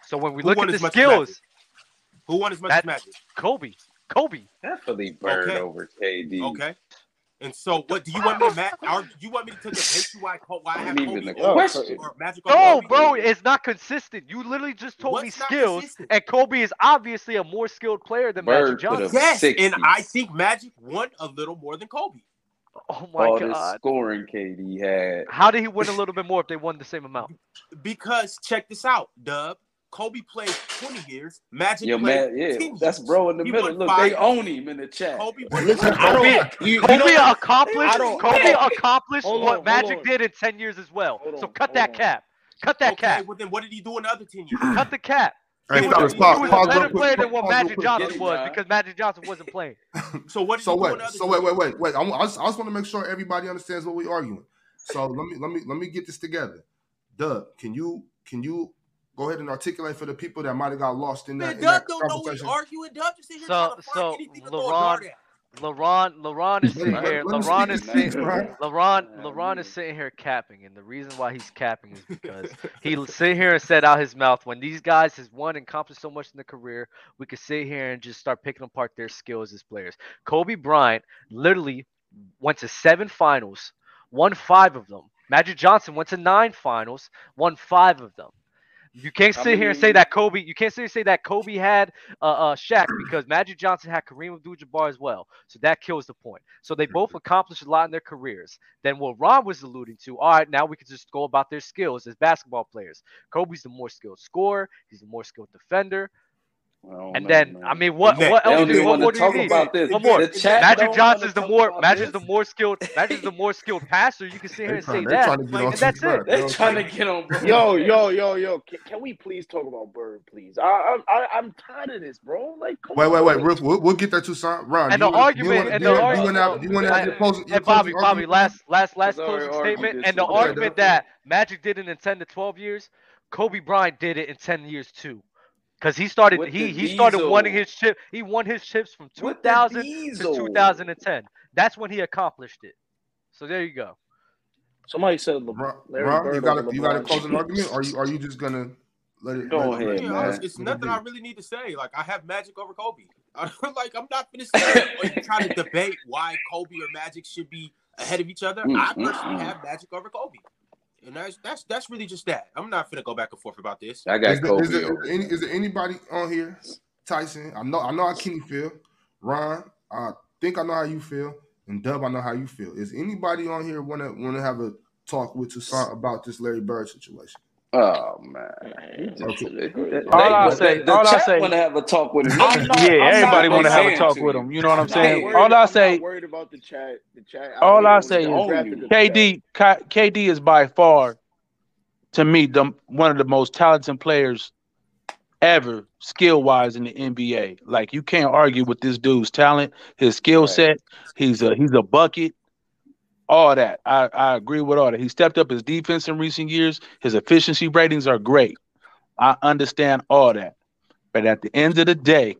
[SPEAKER 1] So when we
[SPEAKER 2] Who
[SPEAKER 1] look
[SPEAKER 2] won
[SPEAKER 1] at the
[SPEAKER 2] as much as Magic?
[SPEAKER 1] skills,
[SPEAKER 2] Who won as much
[SPEAKER 1] That-
[SPEAKER 2] as Magic?
[SPEAKER 1] Kobe. Kobe.
[SPEAKER 3] Definitely Bird
[SPEAKER 2] Okay.
[SPEAKER 3] over KD.
[SPEAKER 2] Okay. And so, what do you want me to? Ma- are, you want me to take a picture why, I- why I have
[SPEAKER 3] Ain't even
[SPEAKER 2] Kobe
[SPEAKER 3] a
[SPEAKER 2] over
[SPEAKER 3] question.
[SPEAKER 2] or Magic? over
[SPEAKER 1] No,
[SPEAKER 2] Kobe?
[SPEAKER 1] bro, it's not consistent. You literally just told me
[SPEAKER 2] What's not
[SPEAKER 1] skills,
[SPEAKER 2] consistent?
[SPEAKER 1] and Kobe is obviously a more skilled player than
[SPEAKER 3] Bird
[SPEAKER 1] Magic
[SPEAKER 3] could have-
[SPEAKER 1] Johnson.
[SPEAKER 2] Yes,
[SPEAKER 3] 60.
[SPEAKER 2] and I think Magic won a little more than Kobe.
[SPEAKER 1] Oh my
[SPEAKER 3] All this
[SPEAKER 1] god.
[SPEAKER 3] scoring KD had.
[SPEAKER 1] How did he win a little bit more if they won the same amount?
[SPEAKER 2] Because check this out, Dub. Kobe played 20 years. Magic
[SPEAKER 3] Your
[SPEAKER 2] played
[SPEAKER 3] man, yeah,
[SPEAKER 2] 10
[SPEAKER 3] that's
[SPEAKER 2] years.
[SPEAKER 3] bro in the
[SPEAKER 2] He
[SPEAKER 3] middle.
[SPEAKER 2] won
[SPEAKER 3] Look,
[SPEAKER 2] five.
[SPEAKER 3] they own him in the chat.
[SPEAKER 2] Kobe
[SPEAKER 6] Listen, I don't. You, you
[SPEAKER 1] Kobe
[SPEAKER 6] don't-
[SPEAKER 1] accomplished
[SPEAKER 6] I don't-
[SPEAKER 1] Kobe accomplished
[SPEAKER 6] Hold
[SPEAKER 1] what
[SPEAKER 6] on, hold
[SPEAKER 1] Magic
[SPEAKER 6] on.
[SPEAKER 1] did in 10 years as well.
[SPEAKER 6] Hold
[SPEAKER 1] so
[SPEAKER 6] on,
[SPEAKER 1] cut
[SPEAKER 6] hold
[SPEAKER 1] that
[SPEAKER 6] on.
[SPEAKER 1] cap. Cut that
[SPEAKER 2] okay,
[SPEAKER 1] cap.
[SPEAKER 2] well then what did he do in the other 10 years?
[SPEAKER 1] Cut the cap.
[SPEAKER 5] Hey,
[SPEAKER 1] He was,
[SPEAKER 5] fellas,
[SPEAKER 1] a,
[SPEAKER 5] pause,
[SPEAKER 1] he was a
[SPEAKER 5] pause real
[SPEAKER 1] better
[SPEAKER 5] quick,
[SPEAKER 1] player than
[SPEAKER 5] pause
[SPEAKER 1] what
[SPEAKER 5] real
[SPEAKER 1] Magic
[SPEAKER 5] quick.
[SPEAKER 1] Johnson
[SPEAKER 3] Get it,
[SPEAKER 1] was
[SPEAKER 3] John.
[SPEAKER 1] because Magic Johnson wasn't playing.
[SPEAKER 2] So what did
[SPEAKER 5] So
[SPEAKER 2] he do in
[SPEAKER 5] wait,
[SPEAKER 2] the other
[SPEAKER 5] so
[SPEAKER 2] 10
[SPEAKER 5] wait,
[SPEAKER 2] years?
[SPEAKER 5] wait, wait, wait. I, wa- I just, I just want to make sure everybody understands what we're arguing. So let me let me let me get this together. Doug, can you can you go ahead and articulate for the people that might have got lost in that,
[SPEAKER 2] Man,
[SPEAKER 5] in
[SPEAKER 2] Dub
[SPEAKER 5] that
[SPEAKER 2] don't know what he's
[SPEAKER 5] conversation?
[SPEAKER 2] arguing. Dub just sit here
[SPEAKER 1] So
[SPEAKER 2] trying to find
[SPEAKER 1] so
[SPEAKER 2] anything to throw a
[SPEAKER 1] LeBron
[SPEAKER 2] dart at.
[SPEAKER 1] LaRon, LaRon is
[SPEAKER 5] Let
[SPEAKER 1] sitting
[SPEAKER 5] him-
[SPEAKER 1] here.
[SPEAKER 5] let him
[SPEAKER 1] LaRon is
[SPEAKER 5] speak.
[SPEAKER 1] sitting.
[SPEAKER 5] Right.
[SPEAKER 3] Yeah,
[SPEAKER 1] LaRon,
[SPEAKER 3] I
[SPEAKER 1] LaRon
[SPEAKER 3] mean-
[SPEAKER 1] is sitting here capping, and the reason why he's capping is because he l- sit here and set out his mouth. When these guys has won and accomplished so much in their career, we could sit here and just start picking apart their skills as players. Kobe Bryant literally went to seven finals, won five of them. Magic Johnson went to nine finals, won five of them. You can't
[SPEAKER 3] I
[SPEAKER 1] sit here and say
[SPEAKER 3] mean-
[SPEAKER 1] that Kobe. You can't sit here and say that Kobe had uh, uh, Shaq because Magic Johnson had Kareem Abdul-Jabbar as well. So that kills the point. So they both accomplished a lot in their careers. Then what Ron was alluding to. All right, now we can just go about their skills as basketball players. Kobe's the more skilled scorer. He's the more skilled defender.
[SPEAKER 3] I don't
[SPEAKER 1] And
[SPEAKER 3] know,
[SPEAKER 1] then
[SPEAKER 3] man.
[SPEAKER 1] I mean, what
[SPEAKER 2] They
[SPEAKER 1] what
[SPEAKER 3] They
[SPEAKER 1] else?
[SPEAKER 3] don't even
[SPEAKER 1] What
[SPEAKER 3] want
[SPEAKER 1] more
[SPEAKER 3] to
[SPEAKER 1] do
[SPEAKER 3] talk
[SPEAKER 1] you need?
[SPEAKER 3] about this.
[SPEAKER 1] One more.
[SPEAKER 3] The chat
[SPEAKER 1] Magic
[SPEAKER 3] don't wanna
[SPEAKER 1] Johnson's the
[SPEAKER 3] talk
[SPEAKER 1] more
[SPEAKER 3] about
[SPEAKER 1] Magic's the
[SPEAKER 3] this.
[SPEAKER 1] more skilled Magic's the more skilled passer. You can sit here
[SPEAKER 5] They're
[SPEAKER 1] and say
[SPEAKER 5] trying, they're
[SPEAKER 1] that.
[SPEAKER 5] trying to get
[SPEAKER 2] Like,
[SPEAKER 5] on
[SPEAKER 2] and
[SPEAKER 1] that's
[SPEAKER 5] track,
[SPEAKER 1] it.
[SPEAKER 5] you know what
[SPEAKER 3] They
[SPEAKER 5] I'm
[SPEAKER 3] trying
[SPEAKER 5] saying?
[SPEAKER 3] to get on. Bro.
[SPEAKER 6] Yo, yo, yo, yo! Can, can we please talk about Bird, please? I, I, I I'm tired of this, bro. Like, come
[SPEAKER 5] Wait,
[SPEAKER 6] on,
[SPEAKER 5] wait, wait.
[SPEAKER 6] man.
[SPEAKER 5] Real, we'll, we'll get that to sign. Ron,
[SPEAKER 1] And
[SPEAKER 5] you
[SPEAKER 1] the
[SPEAKER 5] wanna-
[SPEAKER 1] argument-
[SPEAKER 5] you wanna,
[SPEAKER 1] and
[SPEAKER 5] do
[SPEAKER 1] the
[SPEAKER 5] you wanna-
[SPEAKER 1] argu-
[SPEAKER 5] you wanna have, you wanna have
[SPEAKER 1] and-
[SPEAKER 5] your closing, your
[SPEAKER 1] And Bobby,
[SPEAKER 5] closing
[SPEAKER 1] Bobby,
[SPEAKER 5] argument?
[SPEAKER 1] last last last
[SPEAKER 3] It's already
[SPEAKER 1] closing
[SPEAKER 3] argued
[SPEAKER 1] statement,
[SPEAKER 3] this
[SPEAKER 1] and the
[SPEAKER 3] one. Okay,
[SPEAKER 1] argument that Magic did it in ten to twelve years, Kobe Bryant did it in ten years too, because he started
[SPEAKER 3] With
[SPEAKER 1] he
[SPEAKER 3] the
[SPEAKER 1] he started winning
[SPEAKER 3] diesel.
[SPEAKER 1] his chip. He won his chips from two
[SPEAKER 3] With the
[SPEAKER 1] thousand to
[SPEAKER 3] diesel.
[SPEAKER 1] two thousand and ten. That's when he accomplished it. So there you go.
[SPEAKER 6] Somebody said Le-
[SPEAKER 5] Ron,
[SPEAKER 6] Larry
[SPEAKER 5] Ron,
[SPEAKER 6] Bird
[SPEAKER 5] you got
[SPEAKER 6] over
[SPEAKER 5] a, you got a
[SPEAKER 6] LeBron
[SPEAKER 5] closing
[SPEAKER 6] James.
[SPEAKER 5] argument? Or are you are you just gonna let it?
[SPEAKER 3] Go
[SPEAKER 5] let it-
[SPEAKER 3] ahead,
[SPEAKER 5] let it
[SPEAKER 2] Yeah,
[SPEAKER 5] be?
[SPEAKER 3] man.
[SPEAKER 2] honest, it's
[SPEAKER 5] Let it
[SPEAKER 2] nothing
[SPEAKER 5] be.
[SPEAKER 2] I really need to say. Like I have Magic over Kobe. like I'm not gonna sit here and try to debate why Kobe or Magic should be ahead of each other.
[SPEAKER 3] Mm,
[SPEAKER 2] I
[SPEAKER 3] mm,
[SPEAKER 2] personally
[SPEAKER 3] mm.
[SPEAKER 2] have Magic over Kobe, and that's that's that's really just that. I'm not gonna go back and forth about this.
[SPEAKER 3] I
[SPEAKER 5] Is
[SPEAKER 3] got
[SPEAKER 5] there,
[SPEAKER 3] Kobe
[SPEAKER 5] is, there,
[SPEAKER 3] over.
[SPEAKER 5] any, is there anybody on here? Tyson, I know I know how Kenny feel. Ron, I think I know how you feel. And Dub, I know how you feel. Is anybody on here wanna wanna have a talk with Toussaint about this Larry Bird situation?
[SPEAKER 3] Oh man. He just-
[SPEAKER 5] Okay.
[SPEAKER 3] they- they-
[SPEAKER 4] All I
[SPEAKER 3] the-
[SPEAKER 4] say-
[SPEAKER 3] the
[SPEAKER 4] all I
[SPEAKER 3] chat
[SPEAKER 4] say-
[SPEAKER 3] want to have a talk with him.
[SPEAKER 4] Yeah,
[SPEAKER 3] I'm not- I'm not
[SPEAKER 4] everybody want to have a
[SPEAKER 3] saying
[SPEAKER 4] talk
[SPEAKER 3] to
[SPEAKER 4] with
[SPEAKER 3] you.
[SPEAKER 4] him. You know what I'm
[SPEAKER 6] I'm not
[SPEAKER 4] saying?
[SPEAKER 6] worried,
[SPEAKER 4] All I
[SPEAKER 6] I'm
[SPEAKER 4] say,
[SPEAKER 6] not worried about the chat. The chat.
[SPEAKER 4] All
[SPEAKER 6] don't
[SPEAKER 4] I
[SPEAKER 6] even
[SPEAKER 4] say
[SPEAKER 6] know the
[SPEAKER 3] is-
[SPEAKER 6] demographic of the chat.
[SPEAKER 4] KD, Ki- KD is by far, to me, the, one of the most talented players ever, skill wise, in the NBA. Like you can't argue with this dude's talent, his skill
[SPEAKER 3] Right.
[SPEAKER 4] set. He's a he's a bucket. All that I, I agree with all that. He stepped up his defense in recent years. His efficiency ratings are great. I understand all that. But at the end of the day,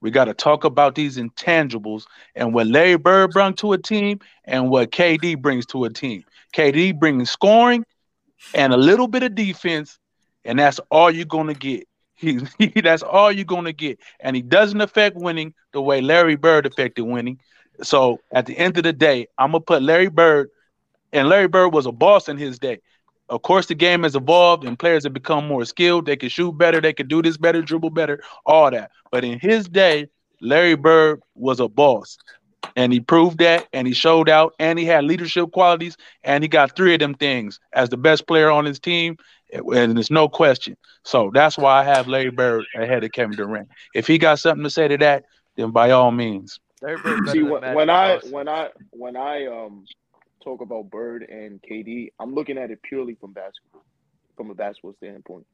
[SPEAKER 4] we got to talk about these intangibles and what Larry Bird brung to a team and what KD brings to a team. KD brings scoring and a little bit of defense, and that's all you're going to get. He, that's all you're going to get. And he doesn't affect winning the way Larry Bird affected winning. So at the end of the day, I'm going to put Larry Bird, and Larry Bird was a boss in his day. Of course, the game has evolved and players have become more skilled. They can shoot better, they can do this better, dribble better, all that. But in his day, Larry Bird was a boss. And he proved that, and he showed out, and he had leadership qualities, and he got three of them things as the best player on his team, and it's no question. So that's why I have Larry Bird ahead of Kevin Durant. If he got something to say to that, then by all means.
[SPEAKER 1] Larry Bird better
[SPEAKER 6] See,
[SPEAKER 1] than
[SPEAKER 6] when,
[SPEAKER 1] Magic
[SPEAKER 6] when I
[SPEAKER 1] Johnson.
[SPEAKER 6] when I when I um talk about Bird and KD, I'm looking at it purely from basketball, from a basketball standpoint.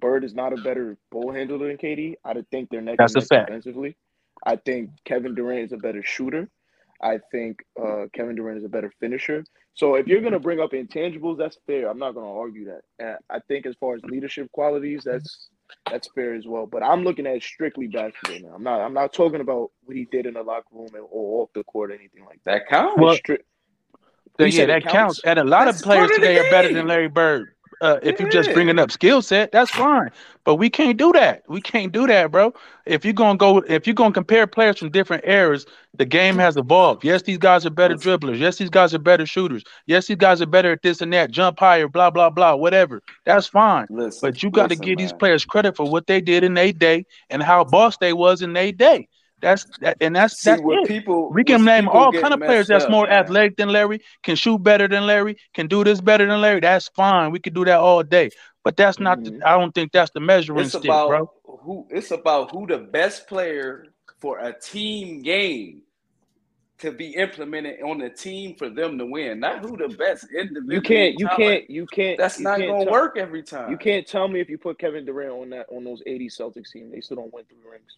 [SPEAKER 6] Bird is not a better ball handler than KD. I don't think they're neck
[SPEAKER 4] That's
[SPEAKER 6] and
[SPEAKER 4] a
[SPEAKER 6] neck
[SPEAKER 4] fact.
[SPEAKER 6] defensively. I think Kevin Durant is a better shooter. I think uh, Kevin Durant is a better finisher. So if you're gonna bring up intangibles, that's fair. I'm not gonna argue that. And I think as far as leadership qualities, that's that's fair as well. But I'm looking at strictly basketball now. I'm not I'm not talking about what he did in the locker room and- or off the court or anything like that.
[SPEAKER 3] That counts.
[SPEAKER 6] It's
[SPEAKER 4] Well,
[SPEAKER 6] strict.
[SPEAKER 4] Then
[SPEAKER 6] You
[SPEAKER 4] yeah,
[SPEAKER 6] said it
[SPEAKER 4] that counts.
[SPEAKER 6] counts.
[SPEAKER 4] And a lot
[SPEAKER 3] That's
[SPEAKER 4] of
[SPEAKER 3] part
[SPEAKER 4] players
[SPEAKER 3] of the
[SPEAKER 4] today are better
[SPEAKER 3] game.
[SPEAKER 4] than Larry Bird. Uh, if you're just
[SPEAKER 3] Yeah.
[SPEAKER 4] bringing up skill set, that's fine. But we can't do that. We can't do that, bro. If you're gonna go, if you're gonna compare players from different eras, the game has evolved. Yes, these guys are better dribblers. Yes, these guys are better shooters. Yes, these guys are better at this and that, jump higher, blah blah blah, whatever. That's fine.
[SPEAKER 3] Listen,
[SPEAKER 4] But you got to
[SPEAKER 3] listen,
[SPEAKER 4] give these
[SPEAKER 3] man.
[SPEAKER 4] players credit for what they did in their day and how boss they was in their day. That's that, and that's
[SPEAKER 3] See
[SPEAKER 4] that's
[SPEAKER 3] what
[SPEAKER 4] it.
[SPEAKER 3] people
[SPEAKER 4] We
[SPEAKER 3] what
[SPEAKER 4] can name
[SPEAKER 3] people
[SPEAKER 4] all
[SPEAKER 3] get
[SPEAKER 4] kind of
[SPEAKER 3] messed
[SPEAKER 4] players that's
[SPEAKER 3] up,
[SPEAKER 4] more
[SPEAKER 3] man.
[SPEAKER 4] athletic than Larry, can shoot better than Larry, can do this better than Larry. That's fine. We could do that all day. But that's not the,
[SPEAKER 6] Mhm.
[SPEAKER 4] I don't think that's the measuring
[SPEAKER 3] It's
[SPEAKER 4] stick,
[SPEAKER 3] about
[SPEAKER 4] bro.
[SPEAKER 3] who it's about who the best player for a team game to be implemented on the team for them to win, not who the best
[SPEAKER 6] You
[SPEAKER 3] individual
[SPEAKER 6] can't you
[SPEAKER 3] talent.
[SPEAKER 6] can't you can't
[SPEAKER 3] That's
[SPEAKER 6] you
[SPEAKER 3] not
[SPEAKER 6] can't
[SPEAKER 3] gonna
[SPEAKER 6] tell
[SPEAKER 3] work every
[SPEAKER 6] you
[SPEAKER 3] time.
[SPEAKER 6] can't tell me if you put Kevin Durant on that on those 80 Celtics team, they still don't win three rings.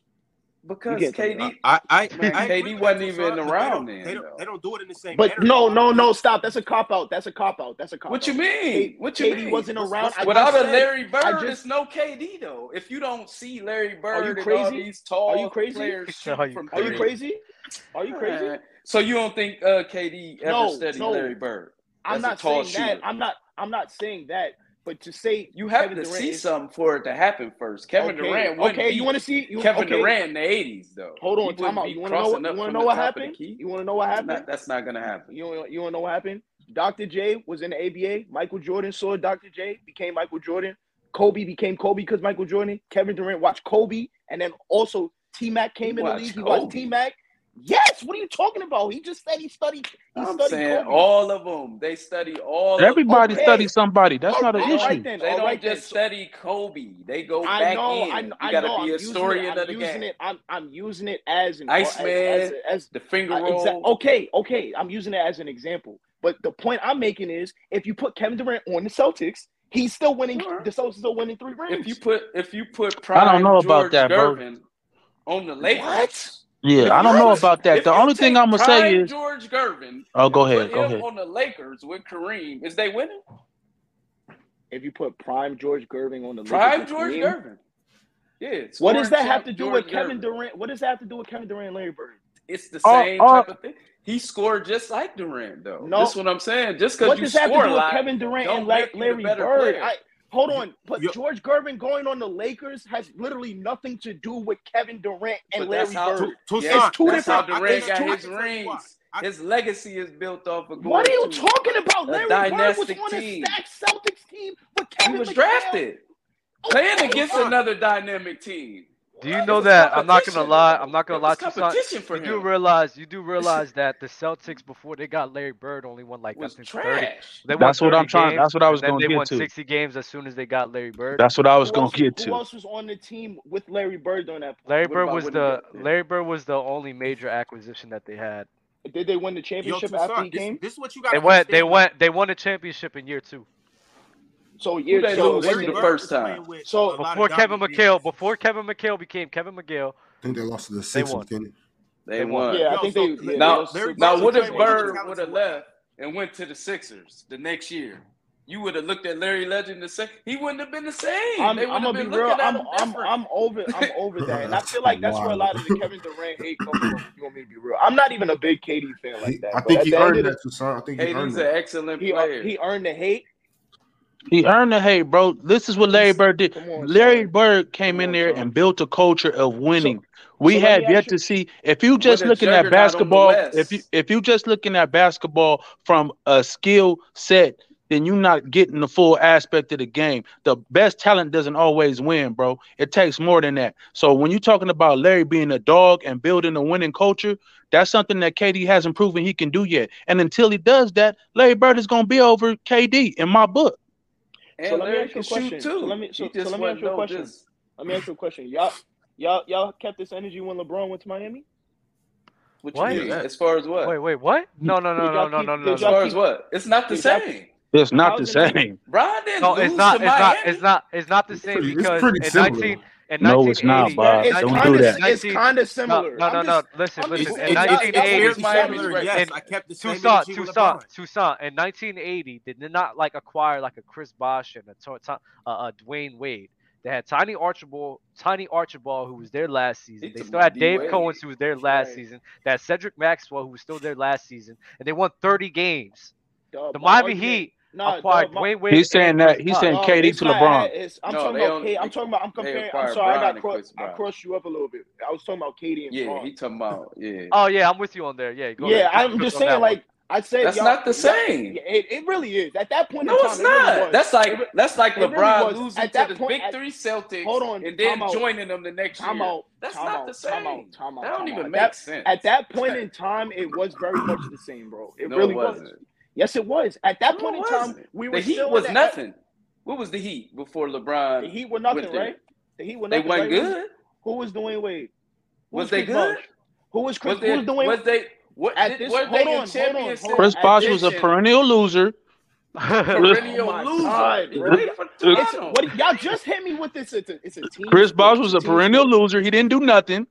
[SPEAKER 3] Because
[SPEAKER 6] You can't take it
[SPEAKER 3] KD,
[SPEAKER 2] I, I,
[SPEAKER 3] Man,
[SPEAKER 2] I agree
[SPEAKER 3] KD
[SPEAKER 2] with
[SPEAKER 3] wasn't
[SPEAKER 2] that,
[SPEAKER 3] even
[SPEAKER 2] Tucson, but
[SPEAKER 3] around
[SPEAKER 2] They don't,
[SPEAKER 3] then,
[SPEAKER 2] they, don't,
[SPEAKER 3] though.
[SPEAKER 2] they don't do it in the same.
[SPEAKER 6] But
[SPEAKER 2] manner.
[SPEAKER 6] no, no, no, stop. That's a cop out. That's a cop out. That's a cop
[SPEAKER 3] what
[SPEAKER 6] out.
[SPEAKER 3] you mean?
[SPEAKER 6] K-
[SPEAKER 3] What you
[SPEAKER 6] KD
[SPEAKER 3] mean?
[SPEAKER 6] wasn't
[SPEAKER 2] What's-
[SPEAKER 6] around.
[SPEAKER 2] what's-
[SPEAKER 6] I
[SPEAKER 3] Without
[SPEAKER 6] just
[SPEAKER 3] a
[SPEAKER 6] said-
[SPEAKER 3] Larry Bird,
[SPEAKER 6] just-
[SPEAKER 3] it's no KD though. If you don't see Larry Bird
[SPEAKER 6] Are you
[SPEAKER 3] and all
[SPEAKER 6] crazy?
[SPEAKER 3] these tall
[SPEAKER 6] Are you crazy?
[SPEAKER 3] players shoot
[SPEAKER 1] Are you
[SPEAKER 3] from
[SPEAKER 6] Are you
[SPEAKER 1] Crazy.
[SPEAKER 6] crazy? Are you crazy?
[SPEAKER 3] Man, So you don't think uh, KD ever
[SPEAKER 6] No,
[SPEAKER 3] studied
[SPEAKER 6] no.
[SPEAKER 3] Larry Bird?
[SPEAKER 6] I'm not
[SPEAKER 3] That's a tall
[SPEAKER 6] saying that.
[SPEAKER 3] shooter.
[SPEAKER 6] I'm not. I'm not saying that. But to say
[SPEAKER 3] You have
[SPEAKER 6] Kevin
[SPEAKER 3] to
[SPEAKER 6] Durant
[SPEAKER 3] see
[SPEAKER 6] is-
[SPEAKER 3] something for it to happen first. Kevin
[SPEAKER 6] okay,
[SPEAKER 3] Durant wouldn't
[SPEAKER 6] Okay,
[SPEAKER 3] be
[SPEAKER 6] you want to see you,
[SPEAKER 3] Kevin
[SPEAKER 6] okay,
[SPEAKER 3] Durant in the '80s though.
[SPEAKER 6] Hold
[SPEAKER 3] He
[SPEAKER 6] on,
[SPEAKER 3] wouldn't
[SPEAKER 6] time out.
[SPEAKER 3] be
[SPEAKER 6] You want to know?
[SPEAKER 3] crossing
[SPEAKER 6] You
[SPEAKER 3] up
[SPEAKER 6] want to
[SPEAKER 3] from
[SPEAKER 6] know
[SPEAKER 3] the
[SPEAKER 6] what
[SPEAKER 3] top of the
[SPEAKER 6] happened?
[SPEAKER 3] key.
[SPEAKER 6] You want to know what
[SPEAKER 3] That's
[SPEAKER 6] happened?
[SPEAKER 3] not, that's not gonna happen.
[SPEAKER 6] You wanna- you want to know what happened? Dr. J was in the ABA. Michael Jordan saw Dr. J, became Michael Jordan. Kobe became Kobe because Michael Jordan. Kevin Durant watched Kobe, and then also T Mac came in the
[SPEAKER 3] watched
[SPEAKER 6] league. He watched
[SPEAKER 3] Kobe?
[SPEAKER 6] T Mac. Yes, what are you talking about? He just said he studied. He
[SPEAKER 3] I'm
[SPEAKER 6] studied
[SPEAKER 3] saying
[SPEAKER 6] Kobe.
[SPEAKER 3] all of them. They study all. of-
[SPEAKER 4] Everybody
[SPEAKER 6] okay.
[SPEAKER 4] studies somebody. That's
[SPEAKER 6] Oh,
[SPEAKER 4] not an
[SPEAKER 6] all
[SPEAKER 4] issue.
[SPEAKER 6] right then.
[SPEAKER 3] They
[SPEAKER 6] all
[SPEAKER 3] don't
[SPEAKER 6] right then.
[SPEAKER 3] just study Kobe. They go
[SPEAKER 6] I
[SPEAKER 3] back in.
[SPEAKER 6] know, I,
[SPEAKER 3] you
[SPEAKER 6] kn- I
[SPEAKER 3] gotta
[SPEAKER 6] know.
[SPEAKER 3] be
[SPEAKER 6] I'm
[SPEAKER 3] a
[SPEAKER 6] using it.
[SPEAKER 3] historian
[SPEAKER 6] I'm
[SPEAKER 3] of the
[SPEAKER 6] using
[SPEAKER 3] game.
[SPEAKER 6] it. I'm I'm using it as an as
[SPEAKER 3] Iceman,
[SPEAKER 6] as, as
[SPEAKER 3] the finger
[SPEAKER 6] I,
[SPEAKER 3] roll.
[SPEAKER 6] exa- okay, okay. I'm using it as an example. But the point I'm making is if you put Kevin Durant on the Celtics, he's still winning
[SPEAKER 3] Sure.
[SPEAKER 6] the Celtics still winning three rings.
[SPEAKER 3] If you put if you put prime
[SPEAKER 4] I don't know about
[SPEAKER 3] George
[SPEAKER 4] that, bro.
[SPEAKER 3] Gervin on the Lakers.
[SPEAKER 6] What?
[SPEAKER 3] If
[SPEAKER 4] Yeah, I
[SPEAKER 3] you
[SPEAKER 4] don't know
[SPEAKER 3] put-
[SPEAKER 4] about that.
[SPEAKER 3] if
[SPEAKER 4] The
[SPEAKER 3] you
[SPEAKER 4] only thing
[SPEAKER 3] take
[SPEAKER 4] I'm gonna say
[SPEAKER 3] prime
[SPEAKER 4] is,
[SPEAKER 3] George Gervin.
[SPEAKER 4] oh, go
[SPEAKER 3] and
[SPEAKER 4] ahead,
[SPEAKER 3] Put
[SPEAKER 4] go
[SPEAKER 3] him
[SPEAKER 4] ahead.
[SPEAKER 3] on the Lakers with Kareem. Is they winning?
[SPEAKER 6] if you put prime George Gerving on the
[SPEAKER 3] Prime
[SPEAKER 6] Lakers with
[SPEAKER 3] George
[SPEAKER 6] Kareem,
[SPEAKER 3] Gervin. Yeah.
[SPEAKER 6] what does
[SPEAKER 3] scoring
[SPEAKER 6] that have
[SPEAKER 3] champ
[SPEAKER 6] to do
[SPEAKER 3] George
[SPEAKER 6] with Kevin
[SPEAKER 3] Gervin.
[SPEAKER 6] Durant? What does that have to do with Kevin Durant and Larry Bird?
[SPEAKER 3] It's the
[SPEAKER 4] Oh,
[SPEAKER 3] same
[SPEAKER 4] oh.
[SPEAKER 3] type of thing. He scored just like Durant, though.
[SPEAKER 6] No.
[SPEAKER 3] That's what I'm saying. Just because
[SPEAKER 6] What
[SPEAKER 3] you
[SPEAKER 6] does that have to
[SPEAKER 3] score a
[SPEAKER 6] do with
[SPEAKER 3] lot,
[SPEAKER 6] Kevin Durant
[SPEAKER 3] don't
[SPEAKER 6] and La-
[SPEAKER 3] make you the
[SPEAKER 6] Larry
[SPEAKER 3] better
[SPEAKER 6] Bird?
[SPEAKER 3] player.
[SPEAKER 6] I, hold on, but
[SPEAKER 2] Yo-
[SPEAKER 6] George Gervin going on the Lakers has literally nothing to do with Kevin Durant and
[SPEAKER 3] But
[SPEAKER 6] Larry
[SPEAKER 3] that's how-
[SPEAKER 6] Bird.
[SPEAKER 2] Tu- Tucson,
[SPEAKER 6] It's two
[SPEAKER 3] That's how
[SPEAKER 2] Tucson, I
[SPEAKER 6] different-
[SPEAKER 2] can
[SPEAKER 3] Durant
[SPEAKER 6] it's
[SPEAKER 2] tell
[SPEAKER 3] got
[SPEAKER 2] you-
[SPEAKER 6] two-
[SPEAKER 2] I
[SPEAKER 3] his
[SPEAKER 2] can tell you why.
[SPEAKER 3] rings.
[SPEAKER 2] I-
[SPEAKER 3] His legacy is built off of going
[SPEAKER 6] What are you
[SPEAKER 3] to
[SPEAKER 6] talking about?
[SPEAKER 3] a
[SPEAKER 6] Larry Bird was
[SPEAKER 3] dynastic
[SPEAKER 6] on a
[SPEAKER 3] team.
[SPEAKER 6] stacked Celtics team with
[SPEAKER 3] He
[SPEAKER 6] Kevin
[SPEAKER 3] was
[SPEAKER 6] McHale. Oh,
[SPEAKER 3] drafted playing
[SPEAKER 6] Okay.
[SPEAKER 3] against
[SPEAKER 2] Tucson.
[SPEAKER 3] another dynamic team.
[SPEAKER 1] Do you
[SPEAKER 3] It
[SPEAKER 1] know
[SPEAKER 3] was
[SPEAKER 1] that? I'm not gonna
[SPEAKER 3] competition,
[SPEAKER 1] lie.
[SPEAKER 3] though.
[SPEAKER 1] I'm not gonna
[SPEAKER 3] It
[SPEAKER 1] lie,
[SPEAKER 3] was
[SPEAKER 1] Tucson.
[SPEAKER 3] competition for
[SPEAKER 1] You do
[SPEAKER 3] him.
[SPEAKER 1] realize, you do realize that the Celtics before they got Larry Bird only won like I
[SPEAKER 3] was
[SPEAKER 1] think 30.
[SPEAKER 3] trash.
[SPEAKER 1] They won
[SPEAKER 4] That's what
[SPEAKER 1] 30
[SPEAKER 4] I'm trying.
[SPEAKER 1] games,
[SPEAKER 4] That's what I was
[SPEAKER 1] and then
[SPEAKER 4] gonna
[SPEAKER 1] they
[SPEAKER 4] get
[SPEAKER 1] won
[SPEAKER 4] to.
[SPEAKER 1] 60 games as soon as they got Larry Bird.
[SPEAKER 4] That's what I was
[SPEAKER 6] Who
[SPEAKER 4] gonna
[SPEAKER 6] else?
[SPEAKER 4] get
[SPEAKER 6] Who
[SPEAKER 4] to.
[SPEAKER 6] else was on the team with Larry Bird during that?
[SPEAKER 1] Larry
[SPEAKER 3] What
[SPEAKER 1] Bird
[SPEAKER 3] about
[SPEAKER 1] was
[SPEAKER 3] when he got
[SPEAKER 1] the
[SPEAKER 3] there?
[SPEAKER 1] Larry Bird was the only major acquisition that they had.
[SPEAKER 6] Did they win the
[SPEAKER 2] Yo,
[SPEAKER 6] championship after
[SPEAKER 2] Tucson,
[SPEAKER 6] he
[SPEAKER 2] this,
[SPEAKER 6] came?
[SPEAKER 2] this is what you got
[SPEAKER 1] They
[SPEAKER 2] to
[SPEAKER 1] went. They
[SPEAKER 2] understand. with
[SPEAKER 1] went. They won a championship in year two
[SPEAKER 6] So a
[SPEAKER 3] Who
[SPEAKER 6] year.
[SPEAKER 3] they
[SPEAKER 6] So
[SPEAKER 3] lose
[SPEAKER 6] it
[SPEAKER 2] Larry
[SPEAKER 3] to the
[SPEAKER 6] wasn't.
[SPEAKER 2] Bird
[SPEAKER 3] first
[SPEAKER 2] was
[SPEAKER 3] time?
[SPEAKER 2] playing with
[SPEAKER 6] So
[SPEAKER 2] a lot of
[SPEAKER 1] before Kevin
[SPEAKER 2] dominant
[SPEAKER 1] McHale.
[SPEAKER 2] defense.
[SPEAKER 1] Before Kevin McHale became Kevin McHale,
[SPEAKER 5] I think they lost to the
[SPEAKER 1] they
[SPEAKER 5] Sixers,
[SPEAKER 1] won.
[SPEAKER 5] didn't they?
[SPEAKER 3] They
[SPEAKER 1] They won.
[SPEAKER 3] won.
[SPEAKER 6] Yeah, I
[SPEAKER 2] Yo,
[SPEAKER 6] think
[SPEAKER 2] so
[SPEAKER 6] they.
[SPEAKER 2] La-
[SPEAKER 6] Yeah,
[SPEAKER 2] La-
[SPEAKER 6] they
[SPEAKER 3] Now,
[SPEAKER 6] lost
[SPEAKER 2] Larry
[SPEAKER 6] to
[SPEAKER 2] Bird
[SPEAKER 3] now,
[SPEAKER 2] was
[SPEAKER 6] the
[SPEAKER 3] what
[SPEAKER 6] Sixers
[SPEAKER 2] playing
[SPEAKER 3] if
[SPEAKER 2] with
[SPEAKER 6] twice.
[SPEAKER 2] other
[SPEAKER 3] Bird would
[SPEAKER 2] talents
[SPEAKER 3] have
[SPEAKER 2] and whatnot.
[SPEAKER 3] left and went to the Sixers the next year? You would have looked at Larry Legend the same. He wouldn't have been the same.
[SPEAKER 6] I'm
[SPEAKER 3] they would
[SPEAKER 6] I'm
[SPEAKER 3] have
[SPEAKER 6] gonna be
[SPEAKER 3] been
[SPEAKER 6] real.
[SPEAKER 3] looking at
[SPEAKER 6] I'm
[SPEAKER 3] him
[SPEAKER 6] I'm
[SPEAKER 3] different.
[SPEAKER 6] I'm over I'm over that, and I feel like that's where a
[SPEAKER 5] wow.
[SPEAKER 6] lot of the Kevin Durant hate come from. If you want me to be real, I'm not even a big KD fan like
[SPEAKER 5] He,
[SPEAKER 6] that,
[SPEAKER 5] I
[SPEAKER 6] but
[SPEAKER 5] think
[SPEAKER 6] at
[SPEAKER 5] he
[SPEAKER 6] the end
[SPEAKER 5] earned
[SPEAKER 6] of the
[SPEAKER 5] that, Tucson. I think he earned
[SPEAKER 3] KD's an
[SPEAKER 5] that.
[SPEAKER 3] excellent
[SPEAKER 6] he uh,
[SPEAKER 3] player.
[SPEAKER 6] he earned the hate.
[SPEAKER 4] He earned the hate, bro. This is what Larry
[SPEAKER 6] He's
[SPEAKER 4] Bird did.
[SPEAKER 6] come on,
[SPEAKER 4] Larry
[SPEAKER 6] son.
[SPEAKER 4] Bird came
[SPEAKER 6] Come
[SPEAKER 4] in
[SPEAKER 6] on,
[SPEAKER 4] there
[SPEAKER 6] son.
[SPEAKER 4] and built a culture of
[SPEAKER 6] So
[SPEAKER 4] winning. We
[SPEAKER 6] so let me
[SPEAKER 4] have
[SPEAKER 6] ask
[SPEAKER 4] yet
[SPEAKER 6] you.
[SPEAKER 4] to see if you
[SPEAKER 3] With
[SPEAKER 4] just
[SPEAKER 3] a
[SPEAKER 4] looking
[SPEAKER 3] juggernaut on
[SPEAKER 4] at
[SPEAKER 3] the
[SPEAKER 4] basketball, if you
[SPEAKER 3] West.
[SPEAKER 4] if you just looking at basketball from a skill set, then you're not getting the full aspect of the game. The best talent doesn't always win, bro. It takes more than that. So when you're talking about Larry being a dog and building a winning culture, that's something that KD hasn't proven he can do yet. And until he does that, Larry Bird is gonna be over KD in my book.
[SPEAKER 6] So
[SPEAKER 3] And
[SPEAKER 6] let me
[SPEAKER 3] Larry
[SPEAKER 6] ask you a
[SPEAKER 3] can shoot
[SPEAKER 6] question. So let
[SPEAKER 3] too.
[SPEAKER 6] me
[SPEAKER 3] He
[SPEAKER 6] so so
[SPEAKER 3] just
[SPEAKER 6] let me ask
[SPEAKER 3] wasn't
[SPEAKER 6] you a
[SPEAKER 3] no
[SPEAKER 6] question.
[SPEAKER 3] just
[SPEAKER 6] Let me ask you a question. Y'all y'all y'all kept this energy when LeBron went to Miami.
[SPEAKER 3] what you
[SPEAKER 1] What?
[SPEAKER 2] Yeah,
[SPEAKER 3] mean?
[SPEAKER 2] that.
[SPEAKER 3] As far as
[SPEAKER 1] Wait,
[SPEAKER 3] what?
[SPEAKER 1] wait, what? No, no, no,
[SPEAKER 6] Did
[SPEAKER 1] no,
[SPEAKER 6] y'all
[SPEAKER 1] no,
[SPEAKER 6] keep?
[SPEAKER 1] no, no,
[SPEAKER 6] Did
[SPEAKER 3] As
[SPEAKER 1] no.
[SPEAKER 6] y'all
[SPEAKER 3] far as
[SPEAKER 6] keep?
[SPEAKER 3] what? It's not the
[SPEAKER 6] Did y'all?
[SPEAKER 3] same.
[SPEAKER 4] It's not
[SPEAKER 6] How's
[SPEAKER 4] the
[SPEAKER 6] it not?
[SPEAKER 4] same.
[SPEAKER 3] Brian didn't
[SPEAKER 1] No, it's
[SPEAKER 3] lose to
[SPEAKER 1] not. It's not. It's
[SPEAKER 3] Miami.
[SPEAKER 1] not. It's not the
[SPEAKER 5] It's
[SPEAKER 1] same
[SPEAKER 5] pretty, it's
[SPEAKER 1] because
[SPEAKER 5] pretty
[SPEAKER 1] in
[SPEAKER 5] similar.
[SPEAKER 1] 19 in
[SPEAKER 4] No, it's
[SPEAKER 1] 1980,
[SPEAKER 4] not,
[SPEAKER 6] It's
[SPEAKER 4] Bob.
[SPEAKER 6] it's
[SPEAKER 4] Don't
[SPEAKER 6] kind
[SPEAKER 4] Uh, do
[SPEAKER 6] of
[SPEAKER 4] that.
[SPEAKER 6] it's
[SPEAKER 1] 19
[SPEAKER 6] kind of
[SPEAKER 1] no,
[SPEAKER 6] similar.
[SPEAKER 1] no,
[SPEAKER 6] I'm
[SPEAKER 1] no, no.
[SPEAKER 6] just
[SPEAKER 1] Listen,
[SPEAKER 6] I'm
[SPEAKER 1] listen.
[SPEAKER 2] It's
[SPEAKER 6] just
[SPEAKER 1] In
[SPEAKER 2] it's
[SPEAKER 6] y'all
[SPEAKER 2] it's it's
[SPEAKER 6] y'all want to
[SPEAKER 1] 1980,
[SPEAKER 2] fairly
[SPEAKER 3] Here's
[SPEAKER 6] distract
[SPEAKER 3] Miami's
[SPEAKER 6] me.
[SPEAKER 2] similar.
[SPEAKER 3] record.
[SPEAKER 2] Yes,
[SPEAKER 1] in
[SPEAKER 2] I kept the same
[SPEAKER 1] Tucson,
[SPEAKER 2] energy with
[SPEAKER 1] Tucson,
[SPEAKER 2] LeBron.
[SPEAKER 1] Tucson, in 1980, they did not like acquire like a Chris Bosh and a, Tor- Tom- uh, uh, Dwayne Wade. They had Tiny Archibald, Tiny Archibald, who was there last season.
[SPEAKER 3] He
[SPEAKER 1] They
[SPEAKER 3] took
[SPEAKER 1] still
[SPEAKER 3] my
[SPEAKER 1] had
[SPEAKER 3] D
[SPEAKER 1] Dave
[SPEAKER 3] Wade.
[SPEAKER 1] Cohen, who was there
[SPEAKER 6] That's
[SPEAKER 1] last
[SPEAKER 6] right.
[SPEAKER 1] season. They had Cedric Maxwell, who was still there last season, and they won 30 games.
[SPEAKER 6] Dub,
[SPEAKER 1] The
[SPEAKER 6] my
[SPEAKER 1] Miami
[SPEAKER 6] argument.
[SPEAKER 1] Heat
[SPEAKER 6] Nah,
[SPEAKER 1] acquired
[SPEAKER 6] dub, my
[SPEAKER 1] Dwayne Wade
[SPEAKER 4] He's
[SPEAKER 1] and
[SPEAKER 4] saying
[SPEAKER 1] Chris
[SPEAKER 4] that. He's
[SPEAKER 1] Bosh.
[SPEAKER 4] saying
[SPEAKER 6] dub.
[SPEAKER 4] KD
[SPEAKER 6] It's
[SPEAKER 4] to
[SPEAKER 6] not.
[SPEAKER 4] LeBron.
[SPEAKER 6] I- It's, I'm
[SPEAKER 3] No,
[SPEAKER 6] talking
[SPEAKER 3] they
[SPEAKER 6] about
[SPEAKER 3] only
[SPEAKER 6] K. I'm
[SPEAKER 3] they,
[SPEAKER 6] talking about. I'm
[SPEAKER 3] they
[SPEAKER 6] comparing. I'm
[SPEAKER 3] acquired
[SPEAKER 6] sorry, I
[SPEAKER 3] Brian
[SPEAKER 6] got
[SPEAKER 3] and
[SPEAKER 6] cross.
[SPEAKER 3] Chris
[SPEAKER 6] I
[SPEAKER 3] Brown.
[SPEAKER 6] crossed you up a little bit. I was talking about Katie and
[SPEAKER 3] Yeah,
[SPEAKER 6] Braun.
[SPEAKER 3] he talking about yeah.
[SPEAKER 1] Oh yeah, I'm with you on there. Yeah, go ahead.
[SPEAKER 6] Yeah,
[SPEAKER 1] Chris
[SPEAKER 6] I'm
[SPEAKER 1] Chris
[SPEAKER 6] just
[SPEAKER 1] on
[SPEAKER 6] saying.
[SPEAKER 1] that one.
[SPEAKER 6] Like I said,
[SPEAKER 3] That's
[SPEAKER 6] y'all,
[SPEAKER 3] not the
[SPEAKER 6] y'all.
[SPEAKER 3] same.
[SPEAKER 6] yeah, It, it really is. At that point in
[SPEAKER 3] No,
[SPEAKER 6] time,
[SPEAKER 3] it's
[SPEAKER 6] it really
[SPEAKER 3] not.
[SPEAKER 6] was.
[SPEAKER 3] That's
[SPEAKER 6] It,
[SPEAKER 3] like
[SPEAKER 6] re-
[SPEAKER 3] that's like
[SPEAKER 6] it really
[SPEAKER 3] LeBron
[SPEAKER 6] was.
[SPEAKER 3] losing
[SPEAKER 6] At
[SPEAKER 3] to
[SPEAKER 6] that
[SPEAKER 3] the
[SPEAKER 6] point,
[SPEAKER 3] Big
[SPEAKER 6] at
[SPEAKER 3] Three Celtics
[SPEAKER 6] hold on,
[SPEAKER 3] and
[SPEAKER 6] time
[SPEAKER 3] then
[SPEAKER 6] out,
[SPEAKER 3] joining them the next
[SPEAKER 6] time
[SPEAKER 3] year.
[SPEAKER 6] out,
[SPEAKER 3] That's
[SPEAKER 6] time
[SPEAKER 3] not the
[SPEAKER 6] out, time out,
[SPEAKER 3] same.
[SPEAKER 6] time
[SPEAKER 3] That don't
[SPEAKER 6] out, time out.
[SPEAKER 3] even
[SPEAKER 6] At
[SPEAKER 3] make
[SPEAKER 6] that at
[SPEAKER 3] sense.
[SPEAKER 6] that point in time, it was very much the same, bro. It
[SPEAKER 3] no, it
[SPEAKER 6] really was.
[SPEAKER 3] wasn't.
[SPEAKER 6] Yes, it was. At that
[SPEAKER 3] No,
[SPEAKER 6] point
[SPEAKER 3] it
[SPEAKER 6] in time,
[SPEAKER 3] wasn't.
[SPEAKER 6] we
[SPEAKER 3] The
[SPEAKER 6] were
[SPEAKER 3] Heat
[SPEAKER 6] still in
[SPEAKER 3] was
[SPEAKER 6] the
[SPEAKER 3] nothing. What was the Heat before
[SPEAKER 6] The
[SPEAKER 3] LeBron
[SPEAKER 6] Heat were
[SPEAKER 3] went
[SPEAKER 6] nothing,
[SPEAKER 3] there?
[SPEAKER 6] right? The Heat were
[SPEAKER 3] They
[SPEAKER 6] nothing,
[SPEAKER 3] wasn't
[SPEAKER 6] right? Who was
[SPEAKER 3] good.
[SPEAKER 6] who was Dwayne Wade? Who
[SPEAKER 3] Was
[SPEAKER 6] was
[SPEAKER 3] they
[SPEAKER 6] Chris
[SPEAKER 3] good?
[SPEAKER 6] Bosch? Who was Chris?
[SPEAKER 3] Was
[SPEAKER 6] Who
[SPEAKER 3] they
[SPEAKER 6] was Dwayne?
[SPEAKER 3] was they what
[SPEAKER 6] At
[SPEAKER 3] did
[SPEAKER 6] this,
[SPEAKER 3] were
[SPEAKER 6] hold
[SPEAKER 3] they in
[SPEAKER 6] on, hold on, hold
[SPEAKER 3] championship
[SPEAKER 4] Chris
[SPEAKER 6] At
[SPEAKER 4] Bosh was
[SPEAKER 6] this,
[SPEAKER 4] a
[SPEAKER 3] condition?
[SPEAKER 4] perennial loser. Chris,
[SPEAKER 6] oh
[SPEAKER 3] Perennial
[SPEAKER 6] my
[SPEAKER 3] loser.
[SPEAKER 6] God,
[SPEAKER 3] He
[SPEAKER 6] bro!
[SPEAKER 4] Chris,
[SPEAKER 3] played for
[SPEAKER 6] It's
[SPEAKER 3] Toronto.
[SPEAKER 6] what y'all just hit me with. This. It's a, it's a team
[SPEAKER 4] Chris
[SPEAKER 6] sport.
[SPEAKER 4] Bosh was
[SPEAKER 6] It's a
[SPEAKER 4] a
[SPEAKER 6] team
[SPEAKER 4] perennial
[SPEAKER 6] sport.
[SPEAKER 4] loser. He didn't do nothing.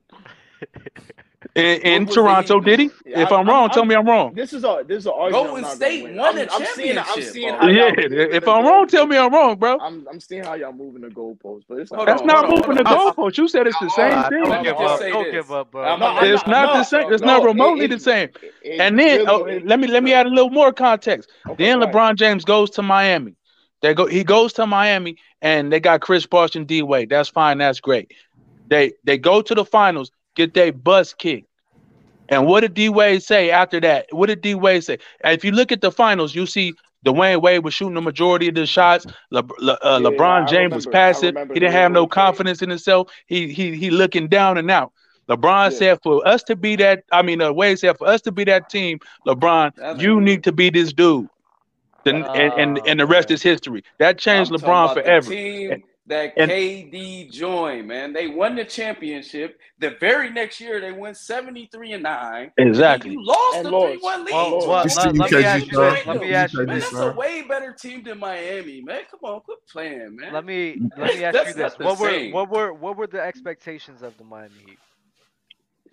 [SPEAKER 4] In, in
[SPEAKER 3] What was
[SPEAKER 4] Toronto,
[SPEAKER 3] he-
[SPEAKER 4] did he?
[SPEAKER 6] Yeah,
[SPEAKER 4] if
[SPEAKER 6] I-
[SPEAKER 4] I'm, wrong,
[SPEAKER 6] I'm-
[SPEAKER 4] tell me I'm wrong.
[SPEAKER 6] This is a this is an argument.
[SPEAKER 3] Golden
[SPEAKER 6] I'm not
[SPEAKER 3] State
[SPEAKER 6] gonna win.
[SPEAKER 3] won
[SPEAKER 6] I'm,
[SPEAKER 3] a
[SPEAKER 6] I'm seeing, I'm
[SPEAKER 3] championship,
[SPEAKER 6] seeing
[SPEAKER 3] bro.
[SPEAKER 6] how y'all
[SPEAKER 4] Yeah,
[SPEAKER 6] moving
[SPEAKER 4] if
[SPEAKER 6] the
[SPEAKER 4] I'm
[SPEAKER 6] goal-
[SPEAKER 4] wrong, tell me I'm wrong, bro.
[SPEAKER 6] I'm I'm seeing how y'all moving the goalposts, but it's not.
[SPEAKER 3] Hold
[SPEAKER 4] That's
[SPEAKER 3] on,
[SPEAKER 4] not
[SPEAKER 3] hold on,
[SPEAKER 4] moving the
[SPEAKER 3] hold on.
[SPEAKER 4] goalpost. You said it's the same
[SPEAKER 3] Hold on,
[SPEAKER 1] Don't
[SPEAKER 3] Let
[SPEAKER 4] thing.
[SPEAKER 3] me
[SPEAKER 1] give
[SPEAKER 3] just
[SPEAKER 1] up.
[SPEAKER 3] say
[SPEAKER 1] Don't
[SPEAKER 3] this.
[SPEAKER 1] give up, bro.
[SPEAKER 3] I'm
[SPEAKER 6] No,
[SPEAKER 3] I'm
[SPEAKER 4] It's
[SPEAKER 6] no,
[SPEAKER 4] not
[SPEAKER 6] no,
[SPEAKER 4] the same. It's
[SPEAKER 6] no,
[SPEAKER 4] not
[SPEAKER 6] it-
[SPEAKER 4] remotely
[SPEAKER 6] it-
[SPEAKER 4] the same.
[SPEAKER 6] it- it
[SPEAKER 4] And then oh,
[SPEAKER 6] really ain't-
[SPEAKER 4] let me let me
[SPEAKER 6] look,
[SPEAKER 4] add a little more context.
[SPEAKER 6] Okay,
[SPEAKER 4] Then
[SPEAKER 6] go ahead.
[SPEAKER 4] LeBron James goes to Miami. They go he goes to Miami and they got Chris Bosh and D Wade. That's fine, that's great. They they go to the finals, get their bus kicked. And what did D Wade say after that? What did D Wade say? And if you look at the finals, you see Dwayne Wade was shooting the majority of the shots. Le- Le- uh,
[SPEAKER 6] Yeah,
[SPEAKER 4] LeBron
[SPEAKER 6] I
[SPEAKER 4] James was
[SPEAKER 6] remember- I
[SPEAKER 4] passive.
[SPEAKER 6] remember
[SPEAKER 4] He didn't
[SPEAKER 6] who
[SPEAKER 4] have no
[SPEAKER 6] Wade played.
[SPEAKER 4] confidence in himself. He he he looking down and out. LeBron
[SPEAKER 6] Yeah.
[SPEAKER 4] said, "For us to be that, I mean, uh, Wade said, for us to be that team, LeBron,
[SPEAKER 3] That's
[SPEAKER 4] you need to be this dude." Then and, and
[SPEAKER 1] Oh,
[SPEAKER 4] and the rest
[SPEAKER 1] man.
[SPEAKER 4] is history. That changed
[SPEAKER 3] I'm talking
[SPEAKER 4] LeBron
[SPEAKER 3] about
[SPEAKER 4] forever.
[SPEAKER 3] the team that
[SPEAKER 4] And-
[SPEAKER 3] KD joined, man. They won the championship. The very next year, they went 73 and 9. And then
[SPEAKER 4] Exactly.
[SPEAKER 3] you lost
[SPEAKER 6] And
[SPEAKER 3] the
[SPEAKER 6] lost.
[SPEAKER 3] 3 1 lead.
[SPEAKER 1] Well,
[SPEAKER 6] Lord.
[SPEAKER 1] well,
[SPEAKER 5] You
[SPEAKER 3] So
[SPEAKER 5] see
[SPEAKER 1] let,
[SPEAKER 3] what
[SPEAKER 1] let
[SPEAKER 3] makes
[SPEAKER 1] me
[SPEAKER 5] UKG,
[SPEAKER 3] you
[SPEAKER 1] ask you
[SPEAKER 5] bro.
[SPEAKER 1] this.
[SPEAKER 3] think
[SPEAKER 1] Let
[SPEAKER 5] You
[SPEAKER 1] me
[SPEAKER 3] them?
[SPEAKER 5] see
[SPEAKER 1] ask you
[SPEAKER 3] Man,
[SPEAKER 5] UKG,
[SPEAKER 1] this.
[SPEAKER 3] that's a
[SPEAKER 5] bro.
[SPEAKER 3] way better team than Miami, man. Come on, quit playing, man.
[SPEAKER 1] Let me let
[SPEAKER 3] That's,
[SPEAKER 1] me ask you
[SPEAKER 3] that's
[SPEAKER 1] this.
[SPEAKER 3] not the
[SPEAKER 1] What were
[SPEAKER 3] same.
[SPEAKER 1] what were what were the expectations of the Miami Heat?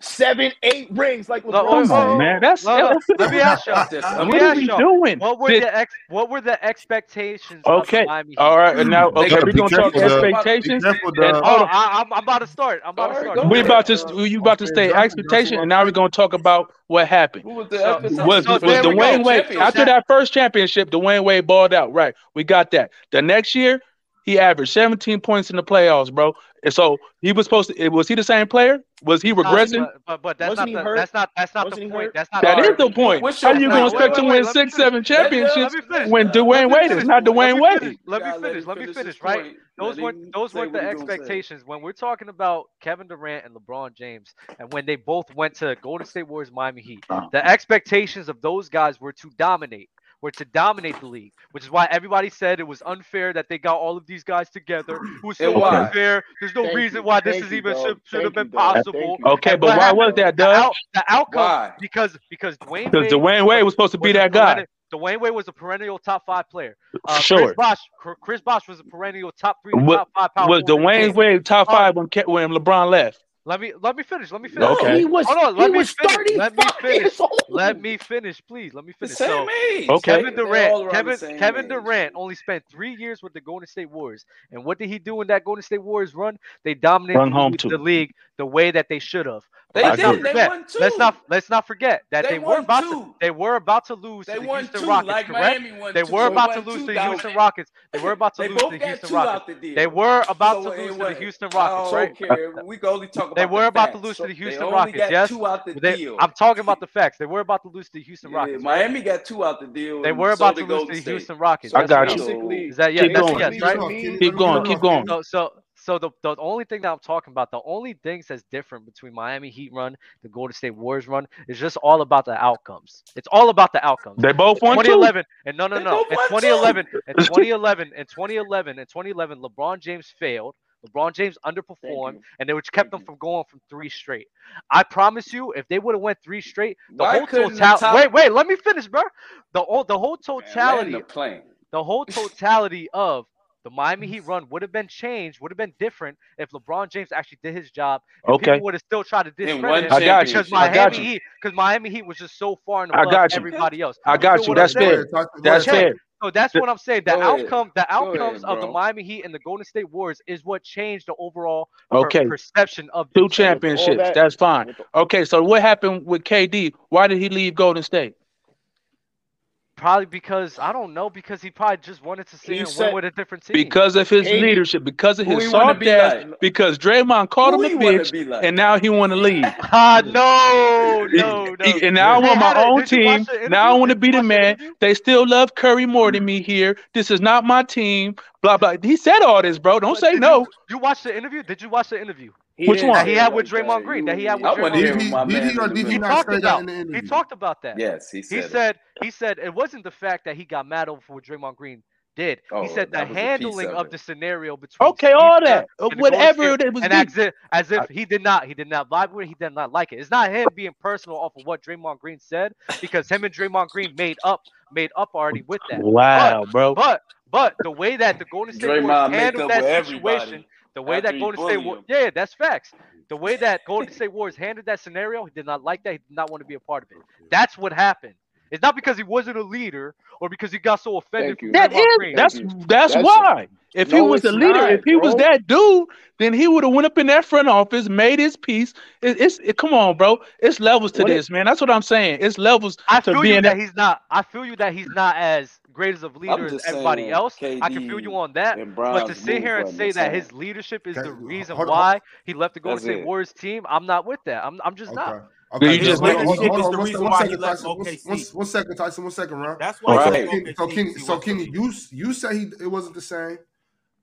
[SPEAKER 6] Seven, eight rings like
[SPEAKER 1] No, wait,
[SPEAKER 6] LeBron
[SPEAKER 4] Come on,
[SPEAKER 6] said.
[SPEAKER 4] Oh, man.
[SPEAKER 1] whoa,
[SPEAKER 4] That's
[SPEAKER 1] no, no. Let me ask y'all.
[SPEAKER 3] That's just
[SPEAKER 1] Let me
[SPEAKER 4] what are
[SPEAKER 1] ask
[SPEAKER 4] we
[SPEAKER 1] y'all.
[SPEAKER 4] doing?
[SPEAKER 1] What were
[SPEAKER 4] This
[SPEAKER 1] the ex? What were the expectations of the
[SPEAKER 4] okay.
[SPEAKER 1] Miami Heat?
[SPEAKER 4] All right. And now
[SPEAKER 3] They
[SPEAKER 4] okay,
[SPEAKER 5] Yeah,
[SPEAKER 4] we're
[SPEAKER 5] be
[SPEAKER 4] gonna talk
[SPEAKER 5] careful, though. Be
[SPEAKER 4] expectations
[SPEAKER 5] careful,
[SPEAKER 4] and
[SPEAKER 5] though.
[SPEAKER 4] hold
[SPEAKER 1] Oh,
[SPEAKER 4] on.
[SPEAKER 1] I, I'm I'm about to start. I'm about to
[SPEAKER 3] All right,
[SPEAKER 1] start.
[SPEAKER 3] go
[SPEAKER 1] Give
[SPEAKER 4] We
[SPEAKER 1] me
[SPEAKER 3] ahead.
[SPEAKER 1] that.
[SPEAKER 4] about to
[SPEAKER 5] Uh,
[SPEAKER 4] you
[SPEAKER 5] on
[SPEAKER 4] about to
[SPEAKER 5] Stan
[SPEAKER 4] stay
[SPEAKER 5] Johnson, Johnson,
[SPEAKER 4] expectation, and now we're gonna talk about what happened.
[SPEAKER 3] What was the
[SPEAKER 1] So
[SPEAKER 3] emphasis?
[SPEAKER 4] Was
[SPEAKER 1] so
[SPEAKER 4] was
[SPEAKER 1] there we go.
[SPEAKER 4] Dwayne Wade
[SPEAKER 1] So
[SPEAKER 4] after
[SPEAKER 1] that
[SPEAKER 3] Championship.
[SPEAKER 4] that first championship? Dwayne Wade balled out, right? We got that. The next year, he averaged 17 points in the playoffs, bro. And so he was supposed to. Was he the same player? Was he
[SPEAKER 1] no,
[SPEAKER 4] regressing?
[SPEAKER 1] but but but that's
[SPEAKER 6] Wasn't
[SPEAKER 1] not
[SPEAKER 6] he
[SPEAKER 1] the
[SPEAKER 6] hurt?
[SPEAKER 1] that's not that's not the
[SPEAKER 6] Wasn't he
[SPEAKER 1] point.
[SPEAKER 6] hurt?
[SPEAKER 1] That's not the
[SPEAKER 4] That is the
[SPEAKER 1] argument.
[SPEAKER 4] point.
[SPEAKER 3] What's
[SPEAKER 4] How
[SPEAKER 3] your
[SPEAKER 4] you
[SPEAKER 1] That's
[SPEAKER 4] gonna
[SPEAKER 1] not.
[SPEAKER 3] point?
[SPEAKER 1] Wait
[SPEAKER 4] expect
[SPEAKER 3] What
[SPEAKER 4] to
[SPEAKER 1] wait
[SPEAKER 4] win
[SPEAKER 1] wait. Let me finish.
[SPEAKER 4] six, seven
[SPEAKER 3] Let Dub,
[SPEAKER 1] Let
[SPEAKER 4] championships
[SPEAKER 1] me
[SPEAKER 3] let
[SPEAKER 1] finish.
[SPEAKER 4] when
[SPEAKER 3] Dub,
[SPEAKER 1] Let
[SPEAKER 4] Dwayne
[SPEAKER 1] me
[SPEAKER 4] Wade is
[SPEAKER 1] finish.
[SPEAKER 4] not
[SPEAKER 1] Let
[SPEAKER 4] Dwayne
[SPEAKER 1] me
[SPEAKER 4] Wade?
[SPEAKER 1] finish. Let me
[SPEAKER 3] God, let
[SPEAKER 1] finish.
[SPEAKER 3] him
[SPEAKER 1] Let me
[SPEAKER 3] finish his
[SPEAKER 1] finish. Right.
[SPEAKER 3] point. Let
[SPEAKER 1] Those weren't
[SPEAKER 3] him
[SPEAKER 1] those
[SPEAKER 3] say
[SPEAKER 1] weren't
[SPEAKER 3] what
[SPEAKER 1] the
[SPEAKER 3] he gonna say.
[SPEAKER 1] expectations when we're talking about Kevin Durant and LeBron James, and when they both went to Golden State Warriors, Miami Heat.
[SPEAKER 3] Uh-huh.
[SPEAKER 1] The expectations of those guys were to dominate, were to dominate the league, which is why everybody said it was unfair that they got all of these guys together. It was so
[SPEAKER 3] And
[SPEAKER 4] Okay.
[SPEAKER 3] why?
[SPEAKER 1] unfair. There's no
[SPEAKER 6] Thank
[SPEAKER 1] reason
[SPEAKER 6] you.
[SPEAKER 1] why this
[SPEAKER 6] Thank
[SPEAKER 1] is
[SPEAKER 6] you,
[SPEAKER 1] even should,
[SPEAKER 6] dog.
[SPEAKER 1] should have
[SPEAKER 6] Thank
[SPEAKER 1] been
[SPEAKER 6] you, dog.
[SPEAKER 1] possible.
[SPEAKER 6] Thank you.
[SPEAKER 4] Okay,
[SPEAKER 1] And
[SPEAKER 4] but
[SPEAKER 1] what
[SPEAKER 6] Thank
[SPEAKER 4] why
[SPEAKER 6] you,
[SPEAKER 1] happened?
[SPEAKER 4] was
[SPEAKER 6] dog.
[SPEAKER 4] that,
[SPEAKER 1] The
[SPEAKER 4] Doug?
[SPEAKER 1] out the outcome
[SPEAKER 3] Why?
[SPEAKER 1] because because Dwayne Wade
[SPEAKER 4] Because Dwayne Wade
[SPEAKER 1] was
[SPEAKER 4] was supposed to be
[SPEAKER 1] was a
[SPEAKER 4] that guy,
[SPEAKER 1] perennial Dwayne Wade was a perennial top five player.
[SPEAKER 4] for
[SPEAKER 1] Uh, Chris
[SPEAKER 4] sure.
[SPEAKER 1] Bosh, Chris Bosh was a perennial top three to
[SPEAKER 4] What
[SPEAKER 1] top five power
[SPEAKER 4] was
[SPEAKER 1] forward in the
[SPEAKER 4] Dwayne
[SPEAKER 1] game.
[SPEAKER 4] Wade top
[SPEAKER 1] Uh,
[SPEAKER 4] five when Ke- when LeBron left?
[SPEAKER 1] let me let me finish. Let me finish.
[SPEAKER 6] No,
[SPEAKER 4] Okay.
[SPEAKER 6] he was
[SPEAKER 1] Hold on.
[SPEAKER 6] he
[SPEAKER 1] Let me
[SPEAKER 6] was
[SPEAKER 1] finish. Let me
[SPEAKER 6] 35
[SPEAKER 1] finish.
[SPEAKER 6] years old.
[SPEAKER 1] Let me finish, please. Let me
[SPEAKER 3] The
[SPEAKER 1] finish.
[SPEAKER 3] same
[SPEAKER 1] So
[SPEAKER 3] age.
[SPEAKER 4] Okay.
[SPEAKER 1] Kevin
[SPEAKER 3] They they
[SPEAKER 1] Durant,
[SPEAKER 3] all around the
[SPEAKER 1] Kevin
[SPEAKER 3] same
[SPEAKER 1] Kevin
[SPEAKER 3] age.
[SPEAKER 1] Durant only spent three years with the Golden State Warriors, and what did he do in that Golden State Warriors run? They dominated
[SPEAKER 4] Run
[SPEAKER 1] the
[SPEAKER 4] home
[SPEAKER 1] league,
[SPEAKER 4] to.
[SPEAKER 1] the league the way that they should have. But
[SPEAKER 3] They
[SPEAKER 4] I
[SPEAKER 1] let's not
[SPEAKER 4] agree.
[SPEAKER 3] did. They
[SPEAKER 1] forget.
[SPEAKER 3] won
[SPEAKER 1] Let's
[SPEAKER 3] two.
[SPEAKER 1] not let's not forget that
[SPEAKER 3] They
[SPEAKER 1] they were
[SPEAKER 3] won
[SPEAKER 1] about to
[SPEAKER 3] two.
[SPEAKER 1] they were about to lose to
[SPEAKER 3] They
[SPEAKER 1] the
[SPEAKER 3] won
[SPEAKER 1] Houston
[SPEAKER 3] two,
[SPEAKER 1] Rockets,
[SPEAKER 3] like
[SPEAKER 1] correct?
[SPEAKER 3] Miami
[SPEAKER 1] They
[SPEAKER 3] won two.
[SPEAKER 1] were
[SPEAKER 3] They
[SPEAKER 6] So
[SPEAKER 1] about to
[SPEAKER 3] won
[SPEAKER 1] lose
[SPEAKER 3] two
[SPEAKER 1] to the Houston
[SPEAKER 3] dominant.
[SPEAKER 1] Rockets. They were about to
[SPEAKER 3] They
[SPEAKER 1] lose to the
[SPEAKER 3] both got
[SPEAKER 1] Houston
[SPEAKER 3] two
[SPEAKER 1] Rockets.
[SPEAKER 3] out the
[SPEAKER 1] They
[SPEAKER 3] deal.
[SPEAKER 1] were about
[SPEAKER 3] So Oh,
[SPEAKER 1] to
[SPEAKER 3] it
[SPEAKER 1] lose to the
[SPEAKER 3] was.
[SPEAKER 1] Houston
[SPEAKER 3] I
[SPEAKER 1] Rockets, right?
[SPEAKER 6] so
[SPEAKER 3] don't care. We can only talk
[SPEAKER 1] They
[SPEAKER 3] about the
[SPEAKER 1] were about to
[SPEAKER 3] facts.
[SPEAKER 1] lose to
[SPEAKER 6] so
[SPEAKER 1] the
[SPEAKER 3] They
[SPEAKER 1] Houston
[SPEAKER 3] only
[SPEAKER 1] Rockets.
[SPEAKER 3] got
[SPEAKER 1] Yes,
[SPEAKER 3] two out the
[SPEAKER 1] they.
[SPEAKER 3] deal.
[SPEAKER 1] I'm talking about the facts. They were about to lose to the Houston
[SPEAKER 3] Yeah,
[SPEAKER 1] Rockets, right?
[SPEAKER 3] Miami got two out the deal,
[SPEAKER 1] They
[SPEAKER 3] and
[SPEAKER 1] were
[SPEAKER 3] so
[SPEAKER 1] about to lose
[SPEAKER 3] did
[SPEAKER 1] to
[SPEAKER 3] Golden
[SPEAKER 1] the
[SPEAKER 3] State.
[SPEAKER 1] Houston Rockets.
[SPEAKER 3] So
[SPEAKER 4] I
[SPEAKER 1] Yes or
[SPEAKER 4] got you.
[SPEAKER 1] no?
[SPEAKER 6] basically
[SPEAKER 1] Is that yes?
[SPEAKER 4] Keep
[SPEAKER 1] That's a
[SPEAKER 4] going.
[SPEAKER 1] yes,
[SPEAKER 5] Leave it
[SPEAKER 6] basically
[SPEAKER 1] right?
[SPEAKER 6] to
[SPEAKER 5] off, Kenny.
[SPEAKER 6] me
[SPEAKER 5] Let
[SPEAKER 4] Keep
[SPEAKER 5] him get it
[SPEAKER 4] going.
[SPEAKER 1] So,
[SPEAKER 4] Keep
[SPEAKER 5] off,
[SPEAKER 4] going.
[SPEAKER 1] so,
[SPEAKER 5] Kenny.
[SPEAKER 1] so, so the the only thing that I'm talking about, the only things that's different between Miami Heat run, the Golden State Warriors run, is just all about the outcomes. It's all about the outcomes.
[SPEAKER 4] They both
[SPEAKER 1] In
[SPEAKER 4] won too.
[SPEAKER 1] 2011, and no, no,
[SPEAKER 3] They
[SPEAKER 1] no.
[SPEAKER 3] both
[SPEAKER 1] In
[SPEAKER 3] won two.
[SPEAKER 1] 2011, in 2011, in 2011, in 2011, LeBron James failed. LeBron James
[SPEAKER 6] thank
[SPEAKER 1] underperformed,
[SPEAKER 6] you
[SPEAKER 1] and they which kept
[SPEAKER 6] thank
[SPEAKER 1] them
[SPEAKER 6] you
[SPEAKER 1] from going from three straight. I promise you, if they would have went three straight, the
[SPEAKER 3] Why
[SPEAKER 1] whole
[SPEAKER 3] couldn't the
[SPEAKER 1] total.
[SPEAKER 3] top
[SPEAKER 1] Wait, wait, let me finish, bro. The whole, the whole
[SPEAKER 3] man land
[SPEAKER 1] totality
[SPEAKER 3] the plane?
[SPEAKER 1] the whole totality of the Miami Heat run would have been changed, would have been different if LeBron James actually did his job, and people
[SPEAKER 4] Okay.
[SPEAKER 1] would have still tried to
[SPEAKER 3] In
[SPEAKER 1] discredit
[SPEAKER 3] one
[SPEAKER 1] him
[SPEAKER 4] I got you.
[SPEAKER 1] because
[SPEAKER 4] I
[SPEAKER 3] championship.
[SPEAKER 4] got
[SPEAKER 1] Miami
[SPEAKER 4] you.
[SPEAKER 1] Heat, because Miami Heat was just so far and
[SPEAKER 4] I
[SPEAKER 1] above
[SPEAKER 4] got you.
[SPEAKER 3] Okay.
[SPEAKER 1] everybody else. You
[SPEAKER 4] I
[SPEAKER 1] feel
[SPEAKER 4] got you.
[SPEAKER 1] what I'm
[SPEAKER 4] That's
[SPEAKER 5] Go
[SPEAKER 1] saying?
[SPEAKER 4] fair.
[SPEAKER 5] ahead, Tasha. Go
[SPEAKER 4] That's
[SPEAKER 5] ahead,
[SPEAKER 1] Okay,
[SPEAKER 4] fair.
[SPEAKER 5] Tasha.
[SPEAKER 1] so that's
[SPEAKER 4] Th-
[SPEAKER 1] what I'm saying. The
[SPEAKER 3] Go ahead.
[SPEAKER 1] outcome, the
[SPEAKER 3] Go ahead,
[SPEAKER 1] outcomes of the
[SPEAKER 3] bro.
[SPEAKER 1] Miami Heat and the Golden State Warriors is what changed the overall per-
[SPEAKER 4] Okay.
[SPEAKER 1] perception of themselves.
[SPEAKER 4] Two
[SPEAKER 6] with all
[SPEAKER 4] championships.
[SPEAKER 6] that
[SPEAKER 4] That's fine.
[SPEAKER 6] with the,
[SPEAKER 4] Okay. So what happened with KD? Why did he leave Golden State?
[SPEAKER 1] Probably because I don't know, because he probably just wanted to sit
[SPEAKER 6] he
[SPEAKER 1] here and win
[SPEAKER 6] said
[SPEAKER 1] with a different team.
[SPEAKER 4] Because of his
[SPEAKER 6] Katie
[SPEAKER 4] leadership, because of
[SPEAKER 3] Who
[SPEAKER 4] his
[SPEAKER 3] he wanna
[SPEAKER 4] soft
[SPEAKER 3] be
[SPEAKER 4] ass,
[SPEAKER 3] like?
[SPEAKER 4] because Draymond called him
[SPEAKER 3] Who
[SPEAKER 4] a
[SPEAKER 3] he wanna
[SPEAKER 4] bitch,
[SPEAKER 3] be like?
[SPEAKER 4] and now he want to leave.
[SPEAKER 1] Ah, no,
[SPEAKER 4] He-
[SPEAKER 1] no, no.
[SPEAKER 4] he- and now I
[SPEAKER 1] They
[SPEAKER 4] want my
[SPEAKER 1] had a.
[SPEAKER 4] own
[SPEAKER 1] Did you watch
[SPEAKER 4] team.
[SPEAKER 1] the
[SPEAKER 4] Now I
[SPEAKER 1] interview?
[SPEAKER 4] want to
[SPEAKER 1] Did you
[SPEAKER 4] be the
[SPEAKER 1] watch the
[SPEAKER 4] man.
[SPEAKER 1] interview?
[SPEAKER 4] They still love Curry more than me here. This is not my team. Blah blah. He said all this, bro. Don't
[SPEAKER 1] But
[SPEAKER 4] say
[SPEAKER 1] did you
[SPEAKER 4] no.
[SPEAKER 1] you watch the interview? Did you watch the interview
[SPEAKER 6] he
[SPEAKER 4] Which
[SPEAKER 6] didn't
[SPEAKER 1] that
[SPEAKER 4] one?
[SPEAKER 1] he
[SPEAKER 6] say it
[SPEAKER 1] had with
[SPEAKER 6] like
[SPEAKER 1] Draymond
[SPEAKER 6] that.
[SPEAKER 1] Green?
[SPEAKER 6] You
[SPEAKER 1] That he had
[SPEAKER 3] I
[SPEAKER 1] with Draymond
[SPEAKER 3] wanna
[SPEAKER 5] Did
[SPEAKER 3] hear
[SPEAKER 1] Green?
[SPEAKER 3] what
[SPEAKER 5] he?
[SPEAKER 3] my
[SPEAKER 5] Did he
[SPEAKER 3] man
[SPEAKER 5] or
[SPEAKER 3] in the
[SPEAKER 5] did he
[SPEAKER 1] He
[SPEAKER 3] middle
[SPEAKER 5] not
[SPEAKER 1] talked
[SPEAKER 5] say
[SPEAKER 3] said.
[SPEAKER 5] that
[SPEAKER 1] about
[SPEAKER 5] in the
[SPEAKER 1] he
[SPEAKER 5] interview?
[SPEAKER 1] talked about that.
[SPEAKER 3] Yes, he
[SPEAKER 1] He
[SPEAKER 3] said it.
[SPEAKER 1] said he said it wasn't the fact that he got mad over what Draymond Green did. He
[SPEAKER 3] Oh,
[SPEAKER 1] said the
[SPEAKER 3] that was a piece
[SPEAKER 1] handling
[SPEAKER 3] of
[SPEAKER 1] of
[SPEAKER 3] it.
[SPEAKER 1] the scenario between
[SPEAKER 4] Okay,
[SPEAKER 1] Steve
[SPEAKER 4] all
[SPEAKER 1] Kerr
[SPEAKER 4] that, Uh,
[SPEAKER 1] and the Golden State
[SPEAKER 4] whatever it was
[SPEAKER 1] and
[SPEAKER 4] deep.
[SPEAKER 1] as if as
[SPEAKER 4] I-
[SPEAKER 1] if he did not he did not vibe with it, he did not like it. It's not him being personal off of what Draymond Green said because him and Draymond Green made up made up already with that. But
[SPEAKER 4] Wow, bro.
[SPEAKER 1] but but the way that the Golden State Warriors
[SPEAKER 3] Draymond make
[SPEAKER 1] handled
[SPEAKER 3] up
[SPEAKER 1] that
[SPEAKER 3] with
[SPEAKER 1] situation,
[SPEAKER 3] everybody
[SPEAKER 1] the way
[SPEAKER 3] after
[SPEAKER 1] that
[SPEAKER 3] he
[SPEAKER 1] Golden State
[SPEAKER 3] bullied
[SPEAKER 1] War-
[SPEAKER 3] him.
[SPEAKER 1] yeah, that's facts. The way that Golden State Warriors handled that scenario, he did not like that. He did not want to be a part of it. That's what happened. It's not because he wasn't a leader or because he got so offended.
[SPEAKER 6] Thank you.
[SPEAKER 1] from
[SPEAKER 4] That
[SPEAKER 1] Draymond
[SPEAKER 4] is
[SPEAKER 1] Green.
[SPEAKER 4] that's
[SPEAKER 6] Thank you.
[SPEAKER 4] that's,
[SPEAKER 6] That's-
[SPEAKER 4] why. If he
[SPEAKER 6] No,
[SPEAKER 4] was the
[SPEAKER 6] it's
[SPEAKER 4] leader,
[SPEAKER 6] not,
[SPEAKER 4] if he was
[SPEAKER 6] bro.
[SPEAKER 4] that dude, then he would have went up in that front office, made his piece. It, it's it, come on, bro. It's levels to
[SPEAKER 6] What
[SPEAKER 4] this, man. That's what I'm saying. It's levels.
[SPEAKER 1] I
[SPEAKER 4] to
[SPEAKER 1] feel
[SPEAKER 4] being
[SPEAKER 1] you that
[SPEAKER 4] a-
[SPEAKER 1] he's not. I feel you that he's not as great as of leader as
[SPEAKER 3] just
[SPEAKER 1] everybody
[SPEAKER 3] saying,
[SPEAKER 1] else. I can feel
[SPEAKER 3] KD
[SPEAKER 1] you on that.
[SPEAKER 3] And
[SPEAKER 1] But to
[SPEAKER 3] Bron's
[SPEAKER 1] sit here and
[SPEAKER 3] moved
[SPEAKER 1] say
[SPEAKER 3] wasn't
[SPEAKER 1] that
[SPEAKER 3] the
[SPEAKER 1] his
[SPEAKER 3] same.
[SPEAKER 1] leadership is
[SPEAKER 5] Okay,
[SPEAKER 1] the
[SPEAKER 5] hold-
[SPEAKER 1] reason
[SPEAKER 5] hold on.
[SPEAKER 1] why he left the Golden
[SPEAKER 3] That's
[SPEAKER 1] State
[SPEAKER 3] it.
[SPEAKER 1] Warriors team, I'm not with that. I'm I'm just not.
[SPEAKER 5] Okay.
[SPEAKER 4] you
[SPEAKER 5] Okay.
[SPEAKER 4] just
[SPEAKER 5] hold on,
[SPEAKER 4] making
[SPEAKER 5] hold on,
[SPEAKER 4] shit
[SPEAKER 5] hold
[SPEAKER 2] is
[SPEAKER 5] on,
[SPEAKER 2] the
[SPEAKER 5] one
[SPEAKER 2] reason
[SPEAKER 5] second,
[SPEAKER 2] why
[SPEAKER 5] one
[SPEAKER 2] he
[SPEAKER 5] second,
[SPEAKER 2] left
[SPEAKER 5] Tyson. One-
[SPEAKER 2] OKC.
[SPEAKER 5] one- one second, Tyson. One second, round.
[SPEAKER 2] That's why.
[SPEAKER 5] So,
[SPEAKER 3] Right.
[SPEAKER 5] Kenny, so,
[SPEAKER 2] OKC,
[SPEAKER 5] Kenny,
[SPEAKER 2] see
[SPEAKER 5] so
[SPEAKER 2] what's
[SPEAKER 5] Kenny,
[SPEAKER 2] up.
[SPEAKER 5] you you say he it wasn't the same.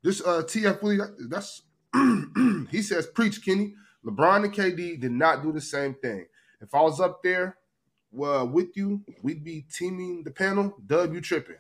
[SPEAKER 5] This uh TF Willie, that- that's he says preach, Kenny. LeBron and KD did not do the same thing. If I was up there well, with you, we'd be teaming the panel. Dub, you tripping?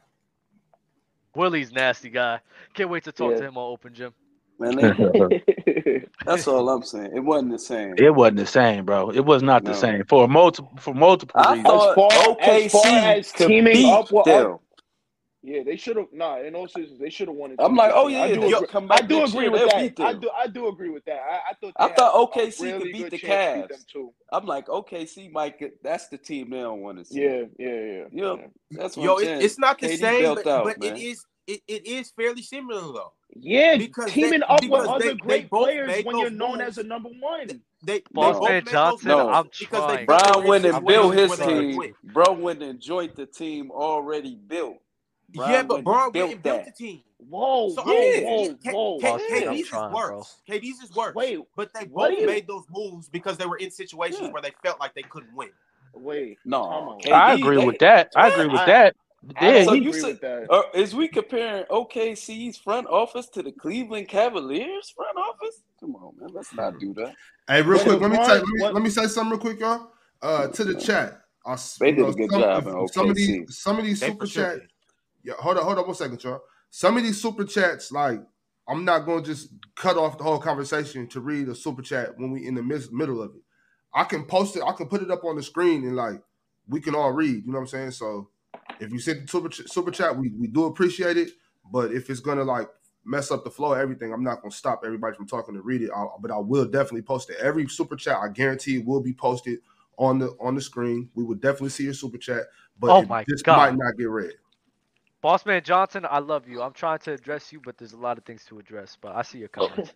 [SPEAKER 1] Willie's nasty guy. Can't wait to talk
[SPEAKER 6] Yeah.
[SPEAKER 1] to him on Open Gym.
[SPEAKER 3] Man, they-
[SPEAKER 6] it
[SPEAKER 3] that's all I'm saying. It wasn't the same.
[SPEAKER 4] It wasn't the same, bro. It was not the
[SPEAKER 3] No.
[SPEAKER 4] same for multiple for multiple
[SPEAKER 3] I
[SPEAKER 4] reasons.
[SPEAKER 3] thought
[SPEAKER 6] far- as far
[SPEAKER 3] OKC
[SPEAKER 6] as
[SPEAKER 3] could
[SPEAKER 6] teaming
[SPEAKER 3] beat
[SPEAKER 6] up with
[SPEAKER 3] them.
[SPEAKER 6] yeah, they should have. Nah, in all seriousness, they should have won it.
[SPEAKER 3] I'm like, oh
[SPEAKER 6] 2015.
[SPEAKER 3] yeah,
[SPEAKER 6] I do,
[SPEAKER 3] they'll
[SPEAKER 6] agree,
[SPEAKER 3] come back
[SPEAKER 6] I do
[SPEAKER 3] next
[SPEAKER 6] agree
[SPEAKER 3] year,
[SPEAKER 6] with
[SPEAKER 3] they'll
[SPEAKER 6] that.
[SPEAKER 3] beat
[SPEAKER 6] I
[SPEAKER 3] them.
[SPEAKER 6] do, I do agree with that. I, I thought.
[SPEAKER 3] I
[SPEAKER 6] they
[SPEAKER 3] thought
[SPEAKER 6] had a
[SPEAKER 3] OKC could
[SPEAKER 6] really
[SPEAKER 3] beat
[SPEAKER 6] good
[SPEAKER 3] the
[SPEAKER 6] chance to beat them
[SPEAKER 3] Cavs.
[SPEAKER 6] too.
[SPEAKER 3] I'm like, OKC might get. That's the team they don't want to see.
[SPEAKER 6] Yeah, yeah, yeah.
[SPEAKER 3] Yep.
[SPEAKER 6] yeah.
[SPEAKER 3] That's what
[SPEAKER 2] Yo,
[SPEAKER 3] I'm
[SPEAKER 2] it,
[SPEAKER 3] saying.
[SPEAKER 2] it's not the
[SPEAKER 3] KD
[SPEAKER 2] same,
[SPEAKER 3] built
[SPEAKER 2] but,
[SPEAKER 3] out,
[SPEAKER 2] but
[SPEAKER 3] man.
[SPEAKER 2] it is it, it is fairly similar though.
[SPEAKER 6] Yeah,
[SPEAKER 2] Because
[SPEAKER 6] teaming
[SPEAKER 2] they-
[SPEAKER 6] up with
[SPEAKER 2] because
[SPEAKER 6] other
[SPEAKER 2] they- they
[SPEAKER 6] great
[SPEAKER 2] both
[SPEAKER 6] players
[SPEAKER 2] made
[SPEAKER 6] when you're
[SPEAKER 2] those
[SPEAKER 6] known
[SPEAKER 2] moves.
[SPEAKER 6] as a number one.
[SPEAKER 2] They they
[SPEAKER 1] Boss
[SPEAKER 3] No.
[SPEAKER 2] both
[SPEAKER 1] man
[SPEAKER 2] made those
[SPEAKER 1] Johnson,
[SPEAKER 2] moves
[SPEAKER 1] I'm
[SPEAKER 2] because they put
[SPEAKER 1] trying.
[SPEAKER 2] them
[SPEAKER 3] Brown
[SPEAKER 2] in
[SPEAKER 3] went and
[SPEAKER 1] I'm
[SPEAKER 3] built
[SPEAKER 2] situations where
[SPEAKER 1] really
[SPEAKER 3] his
[SPEAKER 2] they could
[SPEAKER 1] trying.
[SPEAKER 3] team.
[SPEAKER 2] win.
[SPEAKER 3] Bro went and joined the team already built. Brown
[SPEAKER 2] Yeah, but
[SPEAKER 3] went and
[SPEAKER 2] Braun went
[SPEAKER 3] built
[SPEAKER 2] and built
[SPEAKER 3] that.
[SPEAKER 2] the team.
[SPEAKER 6] Whoa,
[SPEAKER 2] So
[SPEAKER 6] whoa,
[SPEAKER 3] Yeah.
[SPEAKER 6] whoa,
[SPEAKER 2] K-
[SPEAKER 6] whoa.
[SPEAKER 2] K-
[SPEAKER 1] Boss
[SPEAKER 3] Yeah.
[SPEAKER 1] man, Oh, I'm
[SPEAKER 2] KD's is
[SPEAKER 1] trying, bro.
[SPEAKER 2] worse. KD's is worse.
[SPEAKER 6] Wait,
[SPEAKER 2] But they
[SPEAKER 6] what
[SPEAKER 2] both
[SPEAKER 6] is
[SPEAKER 2] made those moves because they were in situations
[SPEAKER 3] Yeah.
[SPEAKER 2] where they felt like they couldn't win.
[SPEAKER 6] wait? Time
[SPEAKER 3] No,
[SPEAKER 6] out.
[SPEAKER 4] I
[SPEAKER 3] KD.
[SPEAKER 4] agree
[SPEAKER 3] they-
[SPEAKER 4] with that. I agree with
[SPEAKER 6] I-
[SPEAKER 4] that.
[SPEAKER 6] I
[SPEAKER 4] Yeah,
[SPEAKER 6] don't
[SPEAKER 3] So
[SPEAKER 4] he,
[SPEAKER 3] you
[SPEAKER 6] agree
[SPEAKER 3] said-
[SPEAKER 6] with that.
[SPEAKER 3] Uh, is we comparing OKC's front office to the Cleveland Cavaliers front office? Come on, man, let's not do that.
[SPEAKER 5] Hey, real
[SPEAKER 6] When
[SPEAKER 5] quick, let me
[SPEAKER 6] LeBron-
[SPEAKER 5] tell, let me,
[SPEAKER 6] when-
[SPEAKER 5] let me say something real quick, y'all. Uh, to the chat, I, s-
[SPEAKER 3] They
[SPEAKER 5] you
[SPEAKER 3] did
[SPEAKER 5] know,
[SPEAKER 3] a good
[SPEAKER 5] some,
[SPEAKER 3] job in
[SPEAKER 5] some of
[SPEAKER 3] OKC.
[SPEAKER 5] these some of these
[SPEAKER 2] They for
[SPEAKER 5] super
[SPEAKER 2] sure
[SPEAKER 5] chat
[SPEAKER 2] did.
[SPEAKER 5] Yeah, hold on, hold on one second, y'all. Some of these super chats, like I'm not going to just cut off the whole conversation to read a super chat when we in the midst, middle of it. I can post it, I can put it up on the screen, and like we can all read. You know what I'm saying? So if you send the super ch- super chat, we, we do appreciate it. But if it's gonna like mess up the flow of everything, I'm not gonna stop everybody from talking to read it. I, but I will definitely post it. Every super chat, I guarantee, will be posted on the on the screen. We will definitely see your super chat, but
[SPEAKER 1] Oh
[SPEAKER 5] it
[SPEAKER 1] my
[SPEAKER 5] just
[SPEAKER 1] God.
[SPEAKER 5] might not get read.
[SPEAKER 1] Boss man Johnson, I love you. I'm trying to address you, but there's a lot of things to address. But I see your comments.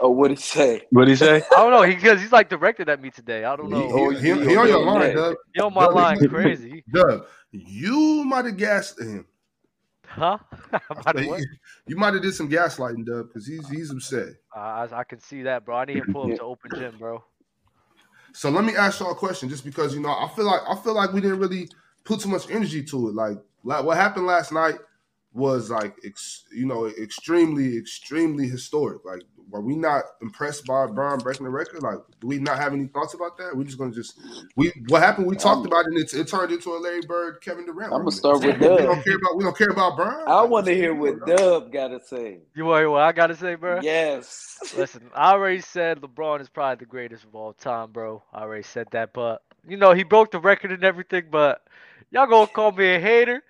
[SPEAKER 3] Oh, what he say?
[SPEAKER 4] what he say?
[SPEAKER 1] I don't know. He because he's like directed at me today. I don't
[SPEAKER 5] He, he,
[SPEAKER 1] know.
[SPEAKER 3] Oh,
[SPEAKER 5] he,
[SPEAKER 3] he-
[SPEAKER 5] he on your
[SPEAKER 3] he-
[SPEAKER 5] line,
[SPEAKER 3] he-
[SPEAKER 5] Dub.
[SPEAKER 1] Yo, my
[SPEAKER 5] Dub,
[SPEAKER 1] line
[SPEAKER 5] you-
[SPEAKER 1] crazy,
[SPEAKER 5] Dub, you might have gassed him.
[SPEAKER 1] huh?
[SPEAKER 5] I
[SPEAKER 1] About
[SPEAKER 5] say,
[SPEAKER 1] what?
[SPEAKER 5] You might have did some gaslighting, Dub, because he's he's upset.
[SPEAKER 1] Uh, I, I can see that, bro. I need him pull up
[SPEAKER 3] Yeah.
[SPEAKER 1] to open gym, bro.
[SPEAKER 5] So let me ask y'all a question, just because you know, I feel like I feel like we didn't really put too much energy to it. Like, like what happened last night was like, ex, you know, extremely, extremely historic. Like, were we not impressed by Brown breaking the record? Like, do we not have any thoughts about that? We're just gonna just we what happened? We talked
[SPEAKER 3] I'm-
[SPEAKER 5] about it, and it, it turned into a Larry Bird, Kevin Durant.
[SPEAKER 3] I'm gonna
[SPEAKER 5] argument.
[SPEAKER 3] start with
[SPEAKER 5] we
[SPEAKER 3] Dub.
[SPEAKER 5] don't care about we don't care about Brown.
[SPEAKER 3] I
[SPEAKER 5] Like,
[SPEAKER 3] want to
[SPEAKER 5] what's
[SPEAKER 3] hear
[SPEAKER 5] going on,
[SPEAKER 3] what
[SPEAKER 5] dog?
[SPEAKER 3] Dub got to say.
[SPEAKER 1] You want to hear what I gotta say, bro?
[SPEAKER 3] Yes.
[SPEAKER 1] Listen, I already said LeBron is probably the greatest of all time, bro. I already said that, but you know he broke the record and everything. But y'all gonna call me a hater?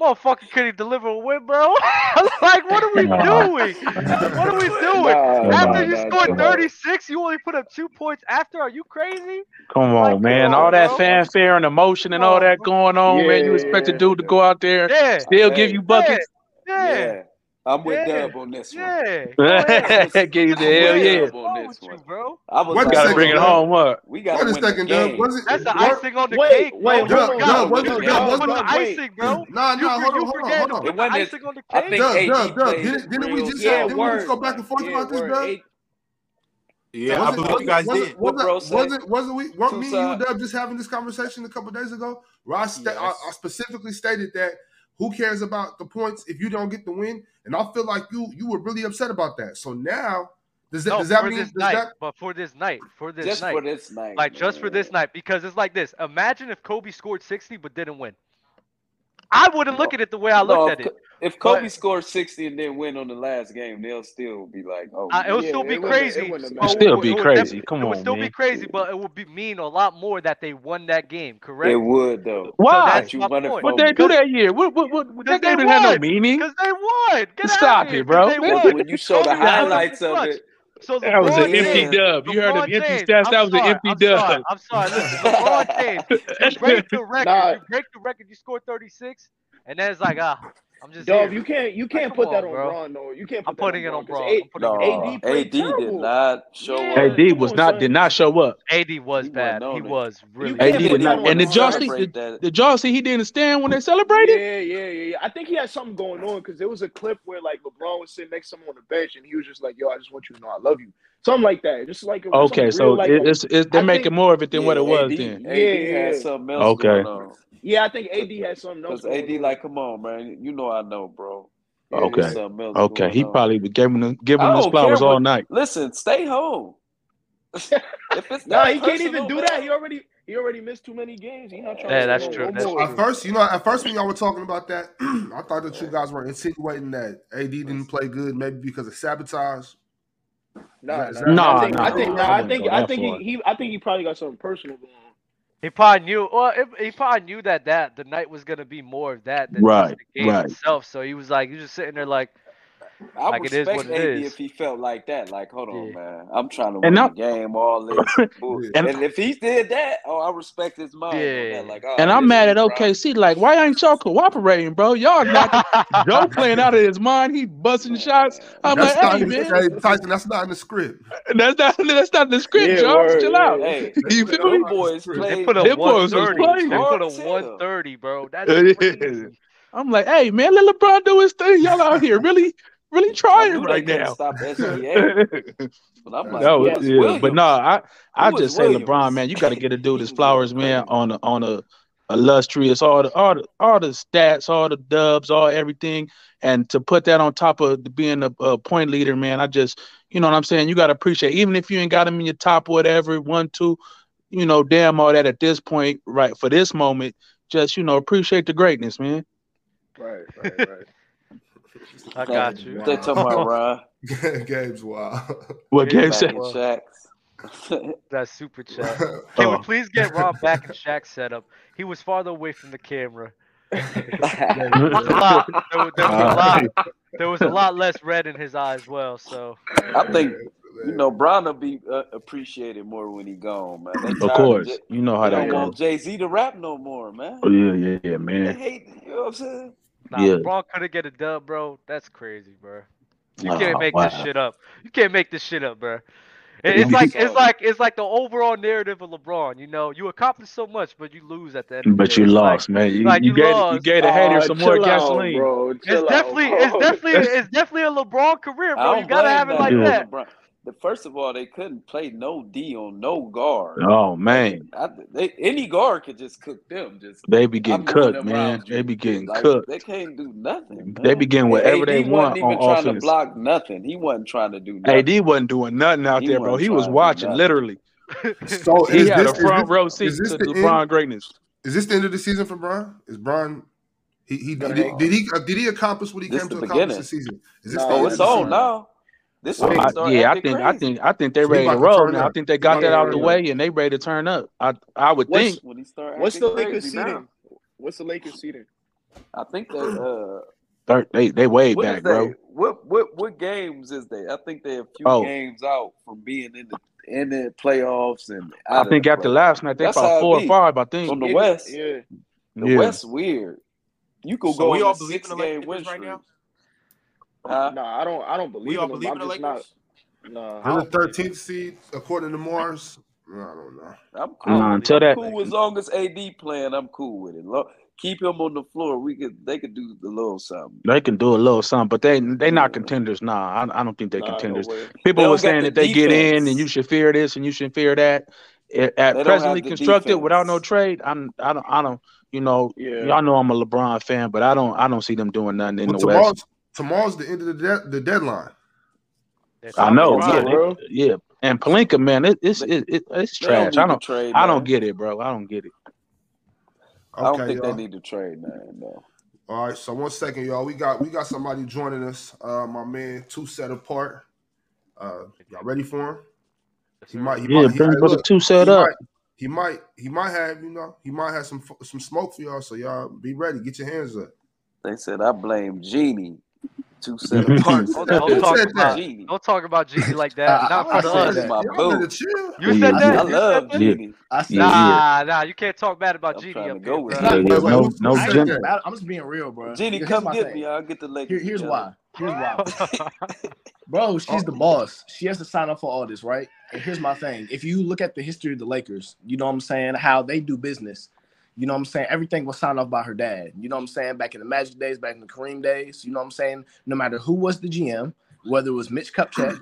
[SPEAKER 1] Motherfucker, could he deliver a win, bro? I'm like, what are we
[SPEAKER 4] Nah.
[SPEAKER 1] doing? What are we doing?
[SPEAKER 6] Nah,
[SPEAKER 1] After
[SPEAKER 6] nah,
[SPEAKER 1] you
[SPEAKER 6] nah.
[SPEAKER 1] scored
[SPEAKER 6] Chill out.
[SPEAKER 1] 36, you only put up two points. After, are you crazy?
[SPEAKER 4] Come
[SPEAKER 1] Like,
[SPEAKER 4] on,
[SPEAKER 1] come
[SPEAKER 4] man.
[SPEAKER 1] on,
[SPEAKER 4] All that
[SPEAKER 1] bro.
[SPEAKER 4] fanfare and emotion and all
[SPEAKER 1] Come on,
[SPEAKER 4] that
[SPEAKER 1] bro.
[SPEAKER 4] going on, man. You expect a
[SPEAKER 6] Yeah.
[SPEAKER 4] dude to go out there,
[SPEAKER 1] Yeah,
[SPEAKER 4] still give
[SPEAKER 3] hey,
[SPEAKER 1] yeah,
[SPEAKER 4] you buckets?
[SPEAKER 1] yeah,
[SPEAKER 3] yeah, I'm with
[SPEAKER 1] yeah,
[SPEAKER 3] Dub on this one.
[SPEAKER 1] yeah. Go ahead.
[SPEAKER 4] Give
[SPEAKER 3] I'm with,
[SPEAKER 4] you the
[SPEAKER 1] Go
[SPEAKER 3] I'm
[SPEAKER 4] hell
[SPEAKER 3] with
[SPEAKER 1] ahead.
[SPEAKER 4] yeah.
[SPEAKER 1] What's
[SPEAKER 3] Dub on
[SPEAKER 1] wrong with
[SPEAKER 3] this
[SPEAKER 1] you,
[SPEAKER 3] one.
[SPEAKER 1] bro?
[SPEAKER 3] I was
[SPEAKER 5] Wait a
[SPEAKER 3] like,
[SPEAKER 4] You gotta
[SPEAKER 5] second,
[SPEAKER 3] hold
[SPEAKER 4] bring it
[SPEAKER 5] Dub.
[SPEAKER 3] on,
[SPEAKER 4] home, huh?
[SPEAKER 3] we
[SPEAKER 5] Wait
[SPEAKER 3] gotta
[SPEAKER 5] a
[SPEAKER 3] win the
[SPEAKER 5] second, Dub.
[SPEAKER 3] game.
[SPEAKER 5] Was it?
[SPEAKER 1] That's the
[SPEAKER 5] What?
[SPEAKER 1] icing on the
[SPEAKER 6] Wait,
[SPEAKER 1] cake,
[SPEAKER 6] wait,
[SPEAKER 1] bro.
[SPEAKER 5] Dub,
[SPEAKER 1] You
[SPEAKER 6] hold
[SPEAKER 5] Dub,
[SPEAKER 1] forgot.
[SPEAKER 6] on.
[SPEAKER 5] was
[SPEAKER 1] You
[SPEAKER 5] it?
[SPEAKER 1] forgot to
[SPEAKER 5] Dub,
[SPEAKER 6] Yo, Dub,
[SPEAKER 5] was
[SPEAKER 1] put
[SPEAKER 5] it?
[SPEAKER 1] the
[SPEAKER 6] Dub, wait.
[SPEAKER 1] icing, bro.
[SPEAKER 5] Nah,
[SPEAKER 1] You
[SPEAKER 5] nah,
[SPEAKER 1] for,
[SPEAKER 5] hold on,
[SPEAKER 1] you
[SPEAKER 5] hold on,
[SPEAKER 1] forget
[SPEAKER 5] hold
[SPEAKER 1] to
[SPEAKER 5] on.
[SPEAKER 1] put
[SPEAKER 3] It
[SPEAKER 1] the
[SPEAKER 3] wasn't.
[SPEAKER 1] icing on the
[SPEAKER 3] I
[SPEAKER 1] cake.
[SPEAKER 3] think
[SPEAKER 5] Dub,
[SPEAKER 3] AD
[SPEAKER 5] Dub, Dub.
[SPEAKER 3] played
[SPEAKER 5] Didn't, didn't we
[SPEAKER 3] real
[SPEAKER 5] just
[SPEAKER 6] Yeah,
[SPEAKER 5] have?
[SPEAKER 3] well.
[SPEAKER 5] Didn't we just go
[SPEAKER 6] word.
[SPEAKER 5] back and forth
[SPEAKER 6] Yeah,
[SPEAKER 5] about this,
[SPEAKER 6] word.
[SPEAKER 5] Dub?
[SPEAKER 6] Eight.
[SPEAKER 2] Yeah, I
[SPEAKER 5] Wasn't
[SPEAKER 2] believe you
[SPEAKER 5] wasn't
[SPEAKER 2] guys
[SPEAKER 5] wasn't
[SPEAKER 2] did.
[SPEAKER 3] What
[SPEAKER 5] wasn't
[SPEAKER 3] bro say?
[SPEAKER 5] wasn't wasn't we weren't
[SPEAKER 3] Two
[SPEAKER 5] me and you
[SPEAKER 3] side.
[SPEAKER 5] and Dub just having this conversation a couple days ago? Where I, sta- I I
[SPEAKER 2] Yes.
[SPEAKER 5] specifically stated that who cares about the points if you don't get the win, and I feel like you you were really upset about that. So now does that
[SPEAKER 1] No,
[SPEAKER 5] does that
[SPEAKER 1] for this
[SPEAKER 5] mean does
[SPEAKER 1] night,
[SPEAKER 5] that
[SPEAKER 1] but for this night, for this
[SPEAKER 3] Just
[SPEAKER 1] night,
[SPEAKER 3] for this night,
[SPEAKER 1] like just for this
[SPEAKER 3] man.
[SPEAKER 1] night, because it's like this. Imagine if Kobe scored 60 but didn't win. I wouldn't look
[SPEAKER 3] No,
[SPEAKER 1] at it the way I
[SPEAKER 3] no.
[SPEAKER 1] looked at
[SPEAKER 3] If,
[SPEAKER 1] it.
[SPEAKER 3] Ko- if
[SPEAKER 1] but-
[SPEAKER 3] Kobe scored sixty and then win on the last game, they'll still be like, "Oh,
[SPEAKER 1] I, it would
[SPEAKER 6] Yeah,
[SPEAKER 1] still be
[SPEAKER 6] it wouldn't. It
[SPEAKER 1] crazy,
[SPEAKER 6] wouldn't have
[SPEAKER 1] but
[SPEAKER 4] It'd
[SPEAKER 1] it
[SPEAKER 6] mattered.
[SPEAKER 4] still
[SPEAKER 1] would, it
[SPEAKER 4] be
[SPEAKER 1] would
[SPEAKER 4] crazy.
[SPEAKER 1] definitely
[SPEAKER 4] Come
[SPEAKER 1] it would
[SPEAKER 4] on,
[SPEAKER 1] still be
[SPEAKER 4] man.
[SPEAKER 1] crazy, but it would be mean a lot more that they won that game,
[SPEAKER 3] it
[SPEAKER 1] correct?
[SPEAKER 3] would though."
[SPEAKER 1] So
[SPEAKER 4] Why?
[SPEAKER 1] that's
[SPEAKER 3] But you
[SPEAKER 1] my
[SPEAKER 3] won it
[SPEAKER 1] point.
[SPEAKER 4] What
[SPEAKER 3] for
[SPEAKER 4] they
[SPEAKER 3] me.
[SPEAKER 4] do
[SPEAKER 1] Oh, Because
[SPEAKER 4] that year? What what what
[SPEAKER 1] Because
[SPEAKER 4] that
[SPEAKER 1] they
[SPEAKER 4] game didn't have no
[SPEAKER 1] won.
[SPEAKER 4] meaning.
[SPEAKER 1] Because they won. Get out of
[SPEAKER 4] Stop
[SPEAKER 1] here. Because
[SPEAKER 4] it, bro.
[SPEAKER 1] they
[SPEAKER 3] But
[SPEAKER 1] won.
[SPEAKER 3] when you show the
[SPEAKER 1] Kobe was out in the
[SPEAKER 3] highlights of
[SPEAKER 1] clutch.
[SPEAKER 3] it,
[SPEAKER 1] So
[SPEAKER 4] That was an
[SPEAKER 1] LeBron
[SPEAKER 4] empty
[SPEAKER 1] James-
[SPEAKER 4] dub. You
[SPEAKER 1] LeBron
[SPEAKER 4] heard an empty
[SPEAKER 1] James,
[SPEAKER 4] stats.
[SPEAKER 1] I'm
[SPEAKER 4] That was an
[SPEAKER 1] sorry,
[SPEAKER 4] empty
[SPEAKER 1] I'm
[SPEAKER 4] dub.
[SPEAKER 1] Sorry, I'm sorry. Listen, LeBron James, you break the record.
[SPEAKER 6] Nah.
[SPEAKER 1] You break the record. You score 36, and then it's like, ah, I'm just.
[SPEAKER 6] Dove,
[SPEAKER 1] here.
[SPEAKER 6] you can't you can't
[SPEAKER 1] come
[SPEAKER 6] put
[SPEAKER 1] on,
[SPEAKER 6] that on
[SPEAKER 1] bro.
[SPEAKER 6] Braun though. You can't. Put
[SPEAKER 1] I'm
[SPEAKER 6] that
[SPEAKER 1] putting it on
[SPEAKER 6] Braun,
[SPEAKER 1] Braun.
[SPEAKER 6] 'cause
[SPEAKER 1] I'm putting it on Braun.
[SPEAKER 6] AD played
[SPEAKER 3] AD did
[SPEAKER 6] terrible.
[SPEAKER 3] not show
[SPEAKER 6] Yeah.
[SPEAKER 3] up.
[SPEAKER 4] AD was
[SPEAKER 6] Come on,
[SPEAKER 4] not
[SPEAKER 6] son.
[SPEAKER 4] did not show up.
[SPEAKER 1] AD was
[SPEAKER 3] He wasn't
[SPEAKER 1] bad. He
[SPEAKER 3] on it.
[SPEAKER 1] was really.
[SPEAKER 6] can't
[SPEAKER 4] AD
[SPEAKER 6] put
[SPEAKER 4] would
[SPEAKER 6] that
[SPEAKER 4] not.
[SPEAKER 6] on
[SPEAKER 4] And did y'all
[SPEAKER 6] Braun.
[SPEAKER 4] see?
[SPEAKER 3] Celebrate
[SPEAKER 4] Did,
[SPEAKER 3] that.
[SPEAKER 4] did y'all see he didn't stand when they celebrated?
[SPEAKER 6] Yeah, yeah, yeah, yeah. I think he had something going on because there was a clip where like LeBron was sitting next to him on the bench and he was just like, "Yo, I just want you to know I love you," something like that. Just like a, some
[SPEAKER 4] Okay,
[SPEAKER 6] real
[SPEAKER 4] so
[SPEAKER 6] like,
[SPEAKER 4] it,
[SPEAKER 6] like-
[SPEAKER 4] it's, it's they're
[SPEAKER 6] I
[SPEAKER 4] making
[SPEAKER 6] think-
[SPEAKER 4] more of it than what it
[SPEAKER 3] Yeah,
[SPEAKER 4] was
[SPEAKER 3] AD,
[SPEAKER 4] then.
[SPEAKER 3] AD
[SPEAKER 6] Yeah,
[SPEAKER 3] had
[SPEAKER 6] yeah.
[SPEAKER 3] something else
[SPEAKER 4] Okay.
[SPEAKER 3] going on.
[SPEAKER 6] yeah, I think AD had something else.
[SPEAKER 3] Because
[SPEAKER 6] Going
[SPEAKER 3] AD,
[SPEAKER 6] on.
[SPEAKER 3] like, come on, man. You know I know, bro.
[SPEAKER 6] Yeah,
[SPEAKER 3] There's
[SPEAKER 4] Okay.
[SPEAKER 3] something else
[SPEAKER 4] Okay,
[SPEAKER 3] going
[SPEAKER 4] he
[SPEAKER 3] on.
[SPEAKER 4] probably was giving them giving
[SPEAKER 3] I
[SPEAKER 4] them his
[SPEAKER 3] don't care
[SPEAKER 4] flowers all
[SPEAKER 3] what.
[SPEAKER 4] night.
[SPEAKER 3] Listen, stay home. if it's
[SPEAKER 6] No,
[SPEAKER 3] not
[SPEAKER 6] he can't
[SPEAKER 3] personal,
[SPEAKER 6] even do
[SPEAKER 3] man.
[SPEAKER 6] that. He already he already missed too many games. He's not trying
[SPEAKER 1] Yeah,
[SPEAKER 6] to
[SPEAKER 1] that's
[SPEAKER 6] go
[SPEAKER 1] true.
[SPEAKER 6] one
[SPEAKER 1] That's
[SPEAKER 6] more.
[SPEAKER 1] true.
[SPEAKER 5] At first, you know, at first when y'all were talking about that, I thought that you guys were insinuating that AD didn't play good, maybe because of sabotage.
[SPEAKER 6] Nah,
[SPEAKER 5] Is
[SPEAKER 6] nah,
[SPEAKER 5] that-
[SPEAKER 6] nah. I
[SPEAKER 4] Nah,
[SPEAKER 6] think
[SPEAKER 4] nah,
[SPEAKER 6] I
[SPEAKER 5] Nah,
[SPEAKER 6] think
[SPEAKER 4] nah. I
[SPEAKER 6] nah, I
[SPEAKER 4] wouldn't
[SPEAKER 6] think
[SPEAKER 4] go
[SPEAKER 6] I
[SPEAKER 4] that
[SPEAKER 6] think
[SPEAKER 4] far.
[SPEAKER 6] he, he I think he probably got something personal going on.
[SPEAKER 1] He probably knew. Well, it, he probably knew that that the night was gonna be more of that than
[SPEAKER 4] Right,
[SPEAKER 1] just the game
[SPEAKER 4] right.
[SPEAKER 1] itself. So he was like, he was just sitting there like,
[SPEAKER 3] I
[SPEAKER 1] Like, it is
[SPEAKER 3] respect
[SPEAKER 1] what it
[SPEAKER 3] AD
[SPEAKER 1] is.
[SPEAKER 3] if he felt like that. Like, hold on,
[SPEAKER 1] Yeah.
[SPEAKER 3] man. I'm trying to
[SPEAKER 4] And
[SPEAKER 3] win
[SPEAKER 4] I-
[SPEAKER 3] the game, all this. bull-
[SPEAKER 5] Yeah.
[SPEAKER 4] And
[SPEAKER 3] and if he did that, oh, I respect his mind on
[SPEAKER 1] Yeah.
[SPEAKER 3] that. Like, all
[SPEAKER 4] And
[SPEAKER 3] right,
[SPEAKER 4] I'm
[SPEAKER 3] this
[SPEAKER 4] mad
[SPEAKER 3] is
[SPEAKER 4] at
[SPEAKER 3] Bron-
[SPEAKER 4] OKC. Like, why ain't y'all cooperating, bro? Y'all not Joe playing out of his mind. He busting shots. I'm
[SPEAKER 5] That's
[SPEAKER 4] like,
[SPEAKER 5] not
[SPEAKER 4] hey
[SPEAKER 5] in the,
[SPEAKER 4] man,
[SPEAKER 5] hey, Tyson. That's not in the script.
[SPEAKER 4] that's not that's not the script,
[SPEAKER 6] Yeah,
[SPEAKER 4] Joe.
[SPEAKER 6] word,
[SPEAKER 4] Chill
[SPEAKER 6] yeah.
[SPEAKER 4] out.
[SPEAKER 3] Hey,
[SPEAKER 4] You
[SPEAKER 5] That's
[SPEAKER 4] feel
[SPEAKER 3] them
[SPEAKER 4] me?
[SPEAKER 5] not in the
[SPEAKER 3] boys
[SPEAKER 5] script.
[SPEAKER 1] they
[SPEAKER 3] played.
[SPEAKER 1] put
[SPEAKER 4] Them
[SPEAKER 1] up
[SPEAKER 4] boys was
[SPEAKER 1] 130.
[SPEAKER 4] playing.
[SPEAKER 1] They put up
[SPEAKER 3] Hard tell.
[SPEAKER 1] 130, bro. That's
[SPEAKER 4] Yeah.
[SPEAKER 1] crazy.
[SPEAKER 4] I'm like, hey man, let LeBron do his thing. Y'all out here really, really
[SPEAKER 3] I
[SPEAKER 4] trying
[SPEAKER 3] knew they
[SPEAKER 4] right
[SPEAKER 3] couldn't
[SPEAKER 4] now.
[SPEAKER 3] stop SGA,
[SPEAKER 4] that
[SPEAKER 3] but I'm like,
[SPEAKER 4] was
[SPEAKER 6] That's
[SPEAKER 3] who
[SPEAKER 6] yes.
[SPEAKER 3] is
[SPEAKER 4] yeah,
[SPEAKER 3] Williams?
[SPEAKER 4] but no, I I
[SPEAKER 3] Who is
[SPEAKER 4] just say LeBron,
[SPEAKER 3] Williams?
[SPEAKER 4] man, you got to get a dude
[SPEAKER 3] He
[SPEAKER 4] his
[SPEAKER 3] was going
[SPEAKER 4] flowers,
[SPEAKER 3] crazy.
[SPEAKER 4] man, on a on a illustrious all the all the all the stats, all the dubs, all everything, and to put that on top of being a, a point leader, man, I just you know what I'm saying. You got to appreciate, even if you ain't got him in your top whatever one two, you know, damn all that at this point, right? For this moment, just you know appreciate the greatness, man.
[SPEAKER 6] Right, right, right.
[SPEAKER 1] I
[SPEAKER 3] Okay.
[SPEAKER 1] got you.
[SPEAKER 3] They talking about Ron.
[SPEAKER 5] Game's wild.
[SPEAKER 4] What
[SPEAKER 1] Game's
[SPEAKER 4] game
[SPEAKER 3] Back
[SPEAKER 4] said?
[SPEAKER 3] in
[SPEAKER 1] wild.
[SPEAKER 3] Shaq's.
[SPEAKER 1] That super chat. Can
[SPEAKER 4] Oh.
[SPEAKER 1] we please get Rob back in Shaq setup? He was farther away from the camera. There was a lot. There was, there was
[SPEAKER 4] Uh.
[SPEAKER 1] a lot. There was a lot less red in his eye as well. So
[SPEAKER 3] I think you know Bron will be uh, appreciated more when he gone, man. They
[SPEAKER 4] Of
[SPEAKER 3] tired of J-
[SPEAKER 4] course, you know how
[SPEAKER 3] they
[SPEAKER 4] that
[SPEAKER 3] don't
[SPEAKER 1] Yeah.
[SPEAKER 4] goes.
[SPEAKER 3] want Jay Z to rap no more, man.
[SPEAKER 4] Oh yeah, yeah, yeah,
[SPEAKER 3] They
[SPEAKER 4] man.
[SPEAKER 3] hate, you know what I'm saying?
[SPEAKER 1] nah,
[SPEAKER 4] Yeah.
[SPEAKER 1] LeBron couldn't get a dub, bro. That's crazy, bro. You can't
[SPEAKER 4] Oh,
[SPEAKER 1] make this
[SPEAKER 4] wow.
[SPEAKER 1] shit up. You can't make this shit up, bro. It-
[SPEAKER 4] You
[SPEAKER 1] It's like it's
[SPEAKER 3] So-
[SPEAKER 1] like it's like the overall narrative of LeBron. You know, you accomplish so much, but you lose at the end of the
[SPEAKER 4] But
[SPEAKER 1] day.
[SPEAKER 4] you
[SPEAKER 1] It's like
[SPEAKER 4] lost, man. You,
[SPEAKER 1] like
[SPEAKER 4] you
[SPEAKER 1] you
[SPEAKER 4] gave you
[SPEAKER 1] lost.
[SPEAKER 4] gave the haters
[SPEAKER 6] Oh,
[SPEAKER 4] some more
[SPEAKER 6] chill out,
[SPEAKER 4] gasoline.
[SPEAKER 6] bro.
[SPEAKER 1] It's
[SPEAKER 6] Chill out,
[SPEAKER 1] definitely it's
[SPEAKER 6] bro.
[SPEAKER 1] definitely it's definitely a LeBron career,
[SPEAKER 3] I
[SPEAKER 1] bro. You
[SPEAKER 3] don't
[SPEAKER 1] gotta
[SPEAKER 3] blame
[SPEAKER 1] have it
[SPEAKER 3] that
[SPEAKER 1] like
[SPEAKER 4] Yeah.
[SPEAKER 3] on
[SPEAKER 1] that.
[SPEAKER 3] LeBron. The first of all, they couldn't play no D on no guard.
[SPEAKER 4] Oh
[SPEAKER 3] Like
[SPEAKER 4] man,
[SPEAKER 3] I, they, any guard could just cook them. Just
[SPEAKER 4] they be getting
[SPEAKER 3] I'm moving
[SPEAKER 4] cooked, man.
[SPEAKER 3] around
[SPEAKER 4] They
[SPEAKER 3] you.
[SPEAKER 4] be getting
[SPEAKER 3] Like
[SPEAKER 4] cooked.
[SPEAKER 3] they can't do nothing,
[SPEAKER 4] They
[SPEAKER 3] man.
[SPEAKER 4] be getting
[SPEAKER 3] And
[SPEAKER 4] whatever they
[SPEAKER 3] AD wasn't
[SPEAKER 4] want
[SPEAKER 3] even
[SPEAKER 4] on
[SPEAKER 3] trying to
[SPEAKER 4] offense.
[SPEAKER 3] block nothing. He wasn't trying to do
[SPEAKER 4] AD
[SPEAKER 3] nothing.
[SPEAKER 4] wasn't doing nothing out
[SPEAKER 3] He
[SPEAKER 4] there, bro.
[SPEAKER 3] wasn't
[SPEAKER 4] He was
[SPEAKER 3] trying to do
[SPEAKER 4] watching
[SPEAKER 3] nothing.
[SPEAKER 4] literally.
[SPEAKER 5] So
[SPEAKER 4] He
[SPEAKER 5] is
[SPEAKER 4] had
[SPEAKER 5] this
[SPEAKER 4] a
[SPEAKER 5] is
[SPEAKER 4] front
[SPEAKER 5] this
[SPEAKER 4] row
[SPEAKER 5] is
[SPEAKER 4] seat
[SPEAKER 5] this
[SPEAKER 4] to
[SPEAKER 5] the end?
[SPEAKER 4] LeBron greatness.
[SPEAKER 5] Is this the end of the season for Bron? Is Bron he, he
[SPEAKER 6] No,
[SPEAKER 5] did, did he uh, did he accomplish what he
[SPEAKER 3] This
[SPEAKER 5] came
[SPEAKER 3] the
[SPEAKER 5] to accomplish
[SPEAKER 3] beginning.
[SPEAKER 5] this season? Is this the
[SPEAKER 6] Nah,
[SPEAKER 3] Oh,
[SPEAKER 5] end
[SPEAKER 3] it's
[SPEAKER 5] of the
[SPEAKER 6] that's
[SPEAKER 3] on
[SPEAKER 5] season?
[SPEAKER 6] not.
[SPEAKER 3] now. This
[SPEAKER 5] Wow.
[SPEAKER 3] when they
[SPEAKER 4] I,
[SPEAKER 3] start
[SPEAKER 4] yeah, I
[SPEAKER 3] acting
[SPEAKER 4] think I
[SPEAKER 3] crazy.
[SPEAKER 4] think I think they
[SPEAKER 5] So he
[SPEAKER 4] ready to
[SPEAKER 5] about to
[SPEAKER 4] roll
[SPEAKER 5] turn
[SPEAKER 4] now. I
[SPEAKER 5] up.
[SPEAKER 4] think they
[SPEAKER 5] He about
[SPEAKER 4] got
[SPEAKER 5] to
[SPEAKER 4] that out
[SPEAKER 5] turn
[SPEAKER 4] the
[SPEAKER 5] up.
[SPEAKER 4] way and they ready to turn up. I I would
[SPEAKER 6] What's
[SPEAKER 4] think.
[SPEAKER 3] When he start
[SPEAKER 6] what's
[SPEAKER 3] acting
[SPEAKER 6] the
[SPEAKER 3] crazy
[SPEAKER 6] Lakers
[SPEAKER 3] now,
[SPEAKER 6] seating? What's the Lakers seating?
[SPEAKER 3] I think they uh
[SPEAKER 4] thir- they they way
[SPEAKER 3] what is
[SPEAKER 4] back,
[SPEAKER 3] they
[SPEAKER 4] bro.
[SPEAKER 3] what what what games is they? I think they a few
[SPEAKER 4] Oh,
[SPEAKER 3] games out from being in the in the playoffs and
[SPEAKER 4] I
[SPEAKER 3] out of the
[SPEAKER 4] think after
[SPEAKER 3] playoffs.
[SPEAKER 4] last night they
[SPEAKER 3] That's
[SPEAKER 4] probably
[SPEAKER 3] how it
[SPEAKER 4] four or
[SPEAKER 3] be.
[SPEAKER 4] five. I think.
[SPEAKER 3] From the
[SPEAKER 6] Yeah,
[SPEAKER 3] West,
[SPEAKER 6] yeah.
[SPEAKER 3] the
[SPEAKER 4] Yeah.
[SPEAKER 3] West weird. You could
[SPEAKER 2] So
[SPEAKER 3] go
[SPEAKER 2] we
[SPEAKER 3] on
[SPEAKER 2] all
[SPEAKER 3] a
[SPEAKER 2] believe in
[SPEAKER 3] six
[SPEAKER 2] the
[SPEAKER 3] game win
[SPEAKER 2] Lakers right
[SPEAKER 3] streak.
[SPEAKER 2] now.
[SPEAKER 3] Huh?
[SPEAKER 6] No, I don't. I don't
[SPEAKER 2] We
[SPEAKER 6] believe
[SPEAKER 2] all
[SPEAKER 6] in them.
[SPEAKER 2] believe
[SPEAKER 6] I'm
[SPEAKER 2] in the
[SPEAKER 6] just not.
[SPEAKER 2] Lakers.
[SPEAKER 6] Nah.
[SPEAKER 2] I
[SPEAKER 5] They're the
[SPEAKER 2] don't believe in
[SPEAKER 5] thirteenth seed according to Mars. I don't know.
[SPEAKER 3] I'm
[SPEAKER 1] I don't
[SPEAKER 3] cool.
[SPEAKER 4] Nah,
[SPEAKER 1] believe
[SPEAKER 3] I'm
[SPEAKER 4] until
[SPEAKER 1] in the
[SPEAKER 4] that
[SPEAKER 3] cool as
[SPEAKER 1] Lakers.
[SPEAKER 3] long as AD playing. I'm cool with it. Lo- keep him on the floor. We could they could do a little something.
[SPEAKER 4] they can do a little something, but they they
[SPEAKER 3] Yeah.
[SPEAKER 4] not contenders. Nah, I, I don't think they
[SPEAKER 6] Nah. No
[SPEAKER 4] contenders.
[SPEAKER 6] way.
[SPEAKER 3] They
[SPEAKER 4] People
[SPEAKER 3] don't
[SPEAKER 4] were
[SPEAKER 3] got
[SPEAKER 4] saying
[SPEAKER 3] the
[SPEAKER 4] that they get in and you
[SPEAKER 3] defense.
[SPEAKER 4] should fear this and you should fear that. At, at
[SPEAKER 3] They don't
[SPEAKER 4] presently
[SPEAKER 3] have the
[SPEAKER 4] constructed without no
[SPEAKER 3] defense.
[SPEAKER 4] trade, I'm I don't I don't you know
[SPEAKER 6] Yeah.
[SPEAKER 4] y'all know I'm a LeBron fan, but I don't I don't see them doing nothing in
[SPEAKER 5] Well,
[SPEAKER 4] the West.
[SPEAKER 5] tomorrow's tomorrow's the end of the de- the deadline.
[SPEAKER 1] They're
[SPEAKER 4] I
[SPEAKER 1] talking
[SPEAKER 4] know,
[SPEAKER 6] It's
[SPEAKER 4] yeah,
[SPEAKER 1] about
[SPEAKER 6] for
[SPEAKER 1] it.
[SPEAKER 4] they,
[SPEAKER 6] real.
[SPEAKER 4] yeah, and Palinka, man, it, it's
[SPEAKER 3] They,
[SPEAKER 4] it, it, it's
[SPEAKER 3] they don't
[SPEAKER 4] trash. I
[SPEAKER 3] need to
[SPEAKER 4] don't
[SPEAKER 3] trade
[SPEAKER 4] I don't
[SPEAKER 3] none.
[SPEAKER 4] get it, bro. I don't get it.
[SPEAKER 3] I don't
[SPEAKER 5] Okay,
[SPEAKER 3] think they
[SPEAKER 5] y'all.
[SPEAKER 3] need to trade none. No.
[SPEAKER 5] All right, so one second, y'all. We got we got somebody joining us. Uh, my man, two set apart. Uh, y'all ready for him?
[SPEAKER 1] Yes,
[SPEAKER 5] He
[SPEAKER 1] sir.
[SPEAKER 5] might. He
[SPEAKER 4] Yeah,
[SPEAKER 5] might. He,
[SPEAKER 4] bring
[SPEAKER 5] hey,
[SPEAKER 4] brother
[SPEAKER 5] look.
[SPEAKER 4] two set
[SPEAKER 5] He
[SPEAKER 4] up.
[SPEAKER 5] might. He might. He might have. You know. He might have some f- some smoke for y'all. So y'all be ready. Get your hands up.
[SPEAKER 3] They said I blame Genie. Two seven parts.
[SPEAKER 1] Don't, don't
[SPEAKER 5] Who
[SPEAKER 1] talk
[SPEAKER 5] said
[SPEAKER 1] about,
[SPEAKER 5] that?
[SPEAKER 1] don't talk about Gigi like that. Not
[SPEAKER 5] I
[SPEAKER 1] for the
[SPEAKER 5] said
[SPEAKER 3] us.
[SPEAKER 5] that.
[SPEAKER 1] others.
[SPEAKER 3] My
[SPEAKER 5] Y'all better
[SPEAKER 3] Uh, boo.
[SPEAKER 5] chill.
[SPEAKER 1] You
[SPEAKER 7] Yeah,
[SPEAKER 1] said
[SPEAKER 7] yeah.
[SPEAKER 1] that.
[SPEAKER 3] I
[SPEAKER 1] You
[SPEAKER 3] love
[SPEAKER 1] said that?
[SPEAKER 7] Yeah.
[SPEAKER 3] Genie.
[SPEAKER 7] I said, yeah.
[SPEAKER 1] Nah, nah. You can't talk bad about
[SPEAKER 3] I'm
[SPEAKER 1] Genie
[SPEAKER 3] trying
[SPEAKER 1] up
[SPEAKER 3] to go
[SPEAKER 1] here,
[SPEAKER 3] with
[SPEAKER 1] bro.
[SPEAKER 7] yeah,
[SPEAKER 5] Wait,
[SPEAKER 7] yeah.
[SPEAKER 5] wait,
[SPEAKER 7] No,
[SPEAKER 5] who-
[SPEAKER 7] no
[SPEAKER 5] who said
[SPEAKER 7] I
[SPEAKER 5] that?
[SPEAKER 7] ain't talking about it. I'm just being real, bro.
[SPEAKER 3] Genie,
[SPEAKER 7] Here's
[SPEAKER 3] come
[SPEAKER 7] my
[SPEAKER 3] get
[SPEAKER 7] thing.
[SPEAKER 3] me. I'll get the
[SPEAKER 7] Here,
[SPEAKER 3] Lakers.
[SPEAKER 7] here's
[SPEAKER 3] together.
[SPEAKER 7] why. Here's why. Bro, she's the boss. She has to sign up for all this, right? And here's my thing. If you look at the history of the Lakers, you know what I'm saying, how they do business. You know what I'm saying? Everything was signed off by her dad. You know what I'm saying? Back in the Magic days, back in the Kareem days, you know what I'm saying? No matter who was the GM, whether it was Mitch Kupchak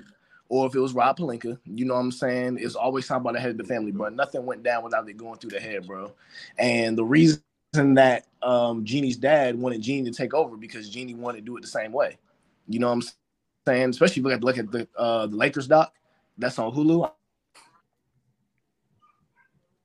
[SPEAKER 7] or if it was Rob Palinka, you know what I'm saying? It's always signed by the head of the family, bro. Nothing went down without it going through the head, bro. And the reason that um Jeannie's dad wanted Jeannie to take over because Jeannie wanted to do it the same way. You know what I'm saying? saying, especially if you look at, look at the uh, the Lakers doc that's on Hulu.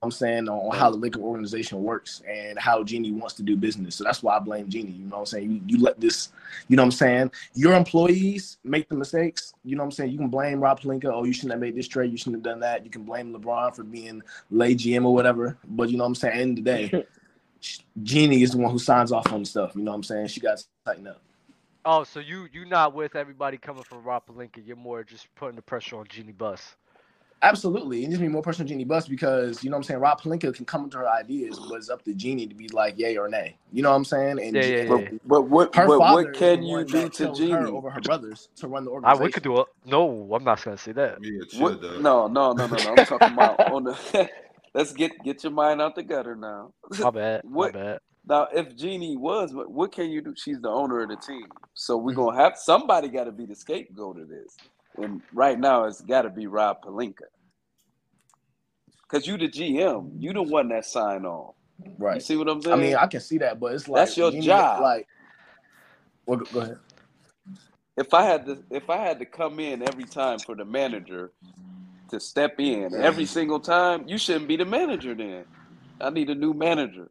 [SPEAKER 7] I'm saying on, on how the Laker organization works and how Genie wants to do business. So that's why I blame Genie. You know what I'm saying? You, you let this, you know what I'm saying? Your employees make the mistakes. You know what I'm saying? You can blame Rob Palinka. Oh, you shouldn't have made this trade. You shouldn't have done that. You can blame LeBron for being lay GM or whatever. But you know what I'm saying? End of the day, Genie is the one who signs off on stuff. You know what I'm saying? She got to tighten up.
[SPEAKER 1] Oh, so you you not with everybody coming from Rob Palinka. You're more just putting the pressure on Genie Bus.
[SPEAKER 7] Absolutely. It needs to be more personal Genie Bus because you know what I'm saying, Rob Palinka can come into her ideas, but it's up to Genie to be like yay or nay. You know what I'm saying? And
[SPEAKER 1] Yeah,
[SPEAKER 7] Genie-
[SPEAKER 1] yeah, yeah.
[SPEAKER 3] But, but what
[SPEAKER 7] her
[SPEAKER 3] but
[SPEAKER 7] father
[SPEAKER 3] what
[SPEAKER 7] is
[SPEAKER 3] can
[SPEAKER 7] the
[SPEAKER 3] you
[SPEAKER 7] one
[SPEAKER 3] do
[SPEAKER 7] that
[SPEAKER 3] to
[SPEAKER 7] chose her
[SPEAKER 3] Genie?
[SPEAKER 7] over her brothers to run the
[SPEAKER 1] I
[SPEAKER 7] organization.
[SPEAKER 1] we could do it. No, I'm not gonna say that.
[SPEAKER 5] Yeah, chill,
[SPEAKER 3] What?
[SPEAKER 5] Doug.
[SPEAKER 3] No, no, no, no, no. I'm talking about on the. Let's get get your mind out the gutter now.
[SPEAKER 1] My bad. My
[SPEAKER 3] What?
[SPEAKER 1] bad.
[SPEAKER 3] Now, if Jeannie was, what, what can you do? She's the owner of the team, so
[SPEAKER 4] Mm.
[SPEAKER 3] we're gonna have somebody got to be the scapegoat of this. And right now, it's got to be Rob Palinka because you the GM, you the one that signed on. You
[SPEAKER 7] Right.
[SPEAKER 3] see what I'm
[SPEAKER 7] I
[SPEAKER 3] saying?
[SPEAKER 7] mean, I can see that, but it's like
[SPEAKER 3] That's your
[SPEAKER 7] Genie,
[SPEAKER 3] job.
[SPEAKER 7] Like, well, go go ahead.
[SPEAKER 3] if I had to, if I had to come in every time for the manager to step in every single time, you shouldn't be the manager. Then I need a new manager.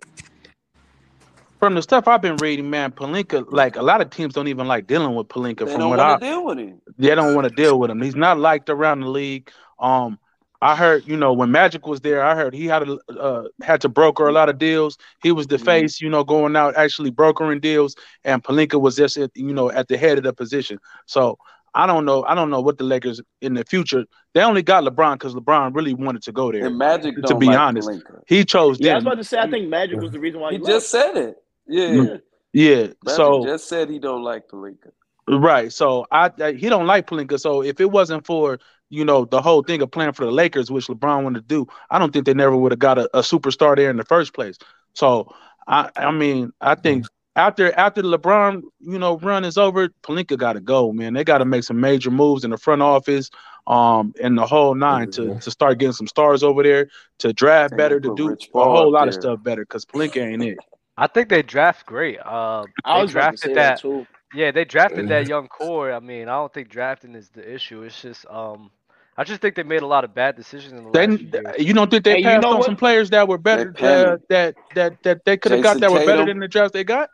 [SPEAKER 4] From the stuff I've been reading, man, Palinka, like a lot of teams don't even like dealing with Palinka.
[SPEAKER 3] They
[SPEAKER 4] From
[SPEAKER 3] don't
[SPEAKER 4] what I
[SPEAKER 3] want to deal with him.
[SPEAKER 4] they don't want to deal with him. He's not liked around the league. Um, I heard, you know, when Magic was there, I heard he had a, uh, had to broker a lot of deals. He was the
[SPEAKER 3] Mhm.
[SPEAKER 4] face, you know, going out actually brokering deals, and Palinka was just, at, you know, at the head of the position. So I don't know, I don't know what the Lakers in the future. They only got LeBron because LeBron really wanted to go there.
[SPEAKER 3] And Magic
[SPEAKER 4] To
[SPEAKER 3] don't
[SPEAKER 4] be
[SPEAKER 3] like
[SPEAKER 4] honest,
[SPEAKER 3] Palinka.
[SPEAKER 4] he chose
[SPEAKER 6] Yeah, I was
[SPEAKER 4] them.
[SPEAKER 6] about to say. I think Magic was the reason why
[SPEAKER 3] He
[SPEAKER 6] he,
[SPEAKER 3] just said it. Yeah,
[SPEAKER 4] Mm. Yeah,
[SPEAKER 3] Magic
[SPEAKER 4] so
[SPEAKER 3] just said he don't like Palinka.
[SPEAKER 4] Right. So I, I he don't like Palinka. So if it wasn't for you know the whole thing of playing for the Lakers, which LeBron wanted to do, I don't think they never would have got a, a superstar there in the first place. So I I mean I think
[SPEAKER 3] Mm-hmm.
[SPEAKER 4] after after the LeBron you know run is over, Palinka got to go. Man, they got to make some major moves in the front office, um, and the whole nine to to start getting some stars over there to draft
[SPEAKER 3] Mm-hmm. They gonna
[SPEAKER 4] better to
[SPEAKER 3] put
[SPEAKER 4] do
[SPEAKER 3] Rich
[SPEAKER 4] a
[SPEAKER 3] Paul
[SPEAKER 4] whole
[SPEAKER 3] up
[SPEAKER 4] lot of
[SPEAKER 3] there.
[SPEAKER 4] stuff better because Palinka ain't it.
[SPEAKER 1] I think they draft great. Uh,
[SPEAKER 6] I
[SPEAKER 1] they
[SPEAKER 6] was about to
[SPEAKER 1] drafted
[SPEAKER 6] say
[SPEAKER 1] that
[SPEAKER 6] that too.
[SPEAKER 1] Yeah, they drafted
[SPEAKER 5] Mhm.
[SPEAKER 1] that young core. I mean, I don't think drafting is the issue. It's just um I just think they made a lot of bad decisions in the last
[SPEAKER 4] They,
[SPEAKER 1] few years.
[SPEAKER 4] you don't think they
[SPEAKER 6] Hey, you
[SPEAKER 4] passed
[SPEAKER 6] know
[SPEAKER 4] on
[SPEAKER 6] what?
[SPEAKER 4] some players that were better uh,
[SPEAKER 3] panicked.
[SPEAKER 4] that that that that they could have got
[SPEAKER 3] Jason
[SPEAKER 4] that were better
[SPEAKER 3] Tatum.
[SPEAKER 4] than the draft they got?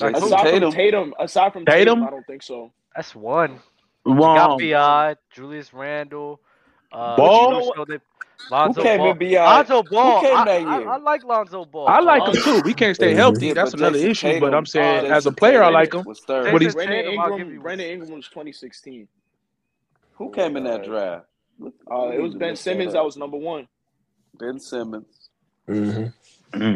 [SPEAKER 1] Like who?
[SPEAKER 3] Jason
[SPEAKER 6] Aside from
[SPEAKER 3] Tatum.
[SPEAKER 6] Tatum, aside from
[SPEAKER 4] Tatum?
[SPEAKER 6] Tatum, I don't think so.
[SPEAKER 1] That's one. They got
[SPEAKER 4] Um,
[SPEAKER 1] B.I., Julius Randle, uh
[SPEAKER 4] Ball?
[SPEAKER 1] who
[SPEAKER 4] You know
[SPEAKER 1] was
[SPEAKER 6] what?
[SPEAKER 1] still there?
[SPEAKER 3] Who
[SPEAKER 1] Lonzo
[SPEAKER 3] came
[SPEAKER 1] Ball.
[SPEAKER 3] in BI?
[SPEAKER 1] Lonzo
[SPEAKER 3] Who
[SPEAKER 1] Ball.
[SPEAKER 3] came
[SPEAKER 1] I,
[SPEAKER 3] that
[SPEAKER 1] I,
[SPEAKER 3] year?
[SPEAKER 1] I like Lonzo Ball.
[SPEAKER 4] I like
[SPEAKER 1] but
[SPEAKER 4] him too. We can't stay healthy.
[SPEAKER 3] Yeah,
[SPEAKER 4] That's
[SPEAKER 3] but
[SPEAKER 4] another
[SPEAKER 3] Jason
[SPEAKER 4] issue. But I'm
[SPEAKER 3] Tatum,
[SPEAKER 4] saying as a
[SPEAKER 3] Jason
[SPEAKER 4] player, I
[SPEAKER 3] Tatum
[SPEAKER 4] like him.
[SPEAKER 3] was
[SPEAKER 4] What
[SPEAKER 3] third.
[SPEAKER 4] he's
[SPEAKER 1] Jason
[SPEAKER 6] Brandon
[SPEAKER 1] Tatum, I'll give
[SPEAKER 6] Ingram.
[SPEAKER 1] you one.
[SPEAKER 6] Brandon Ingram was 2016.
[SPEAKER 3] Who came in that
[SPEAKER 6] Uh,
[SPEAKER 3] draft? Look,
[SPEAKER 6] Uh,
[SPEAKER 3] we
[SPEAKER 6] it
[SPEAKER 3] need
[SPEAKER 6] was
[SPEAKER 3] to
[SPEAKER 6] Ben
[SPEAKER 3] look
[SPEAKER 6] Simmons
[SPEAKER 3] that
[SPEAKER 6] that
[SPEAKER 3] up.
[SPEAKER 6] was number one,
[SPEAKER 3] Ben Simmons.
[SPEAKER 4] Mm.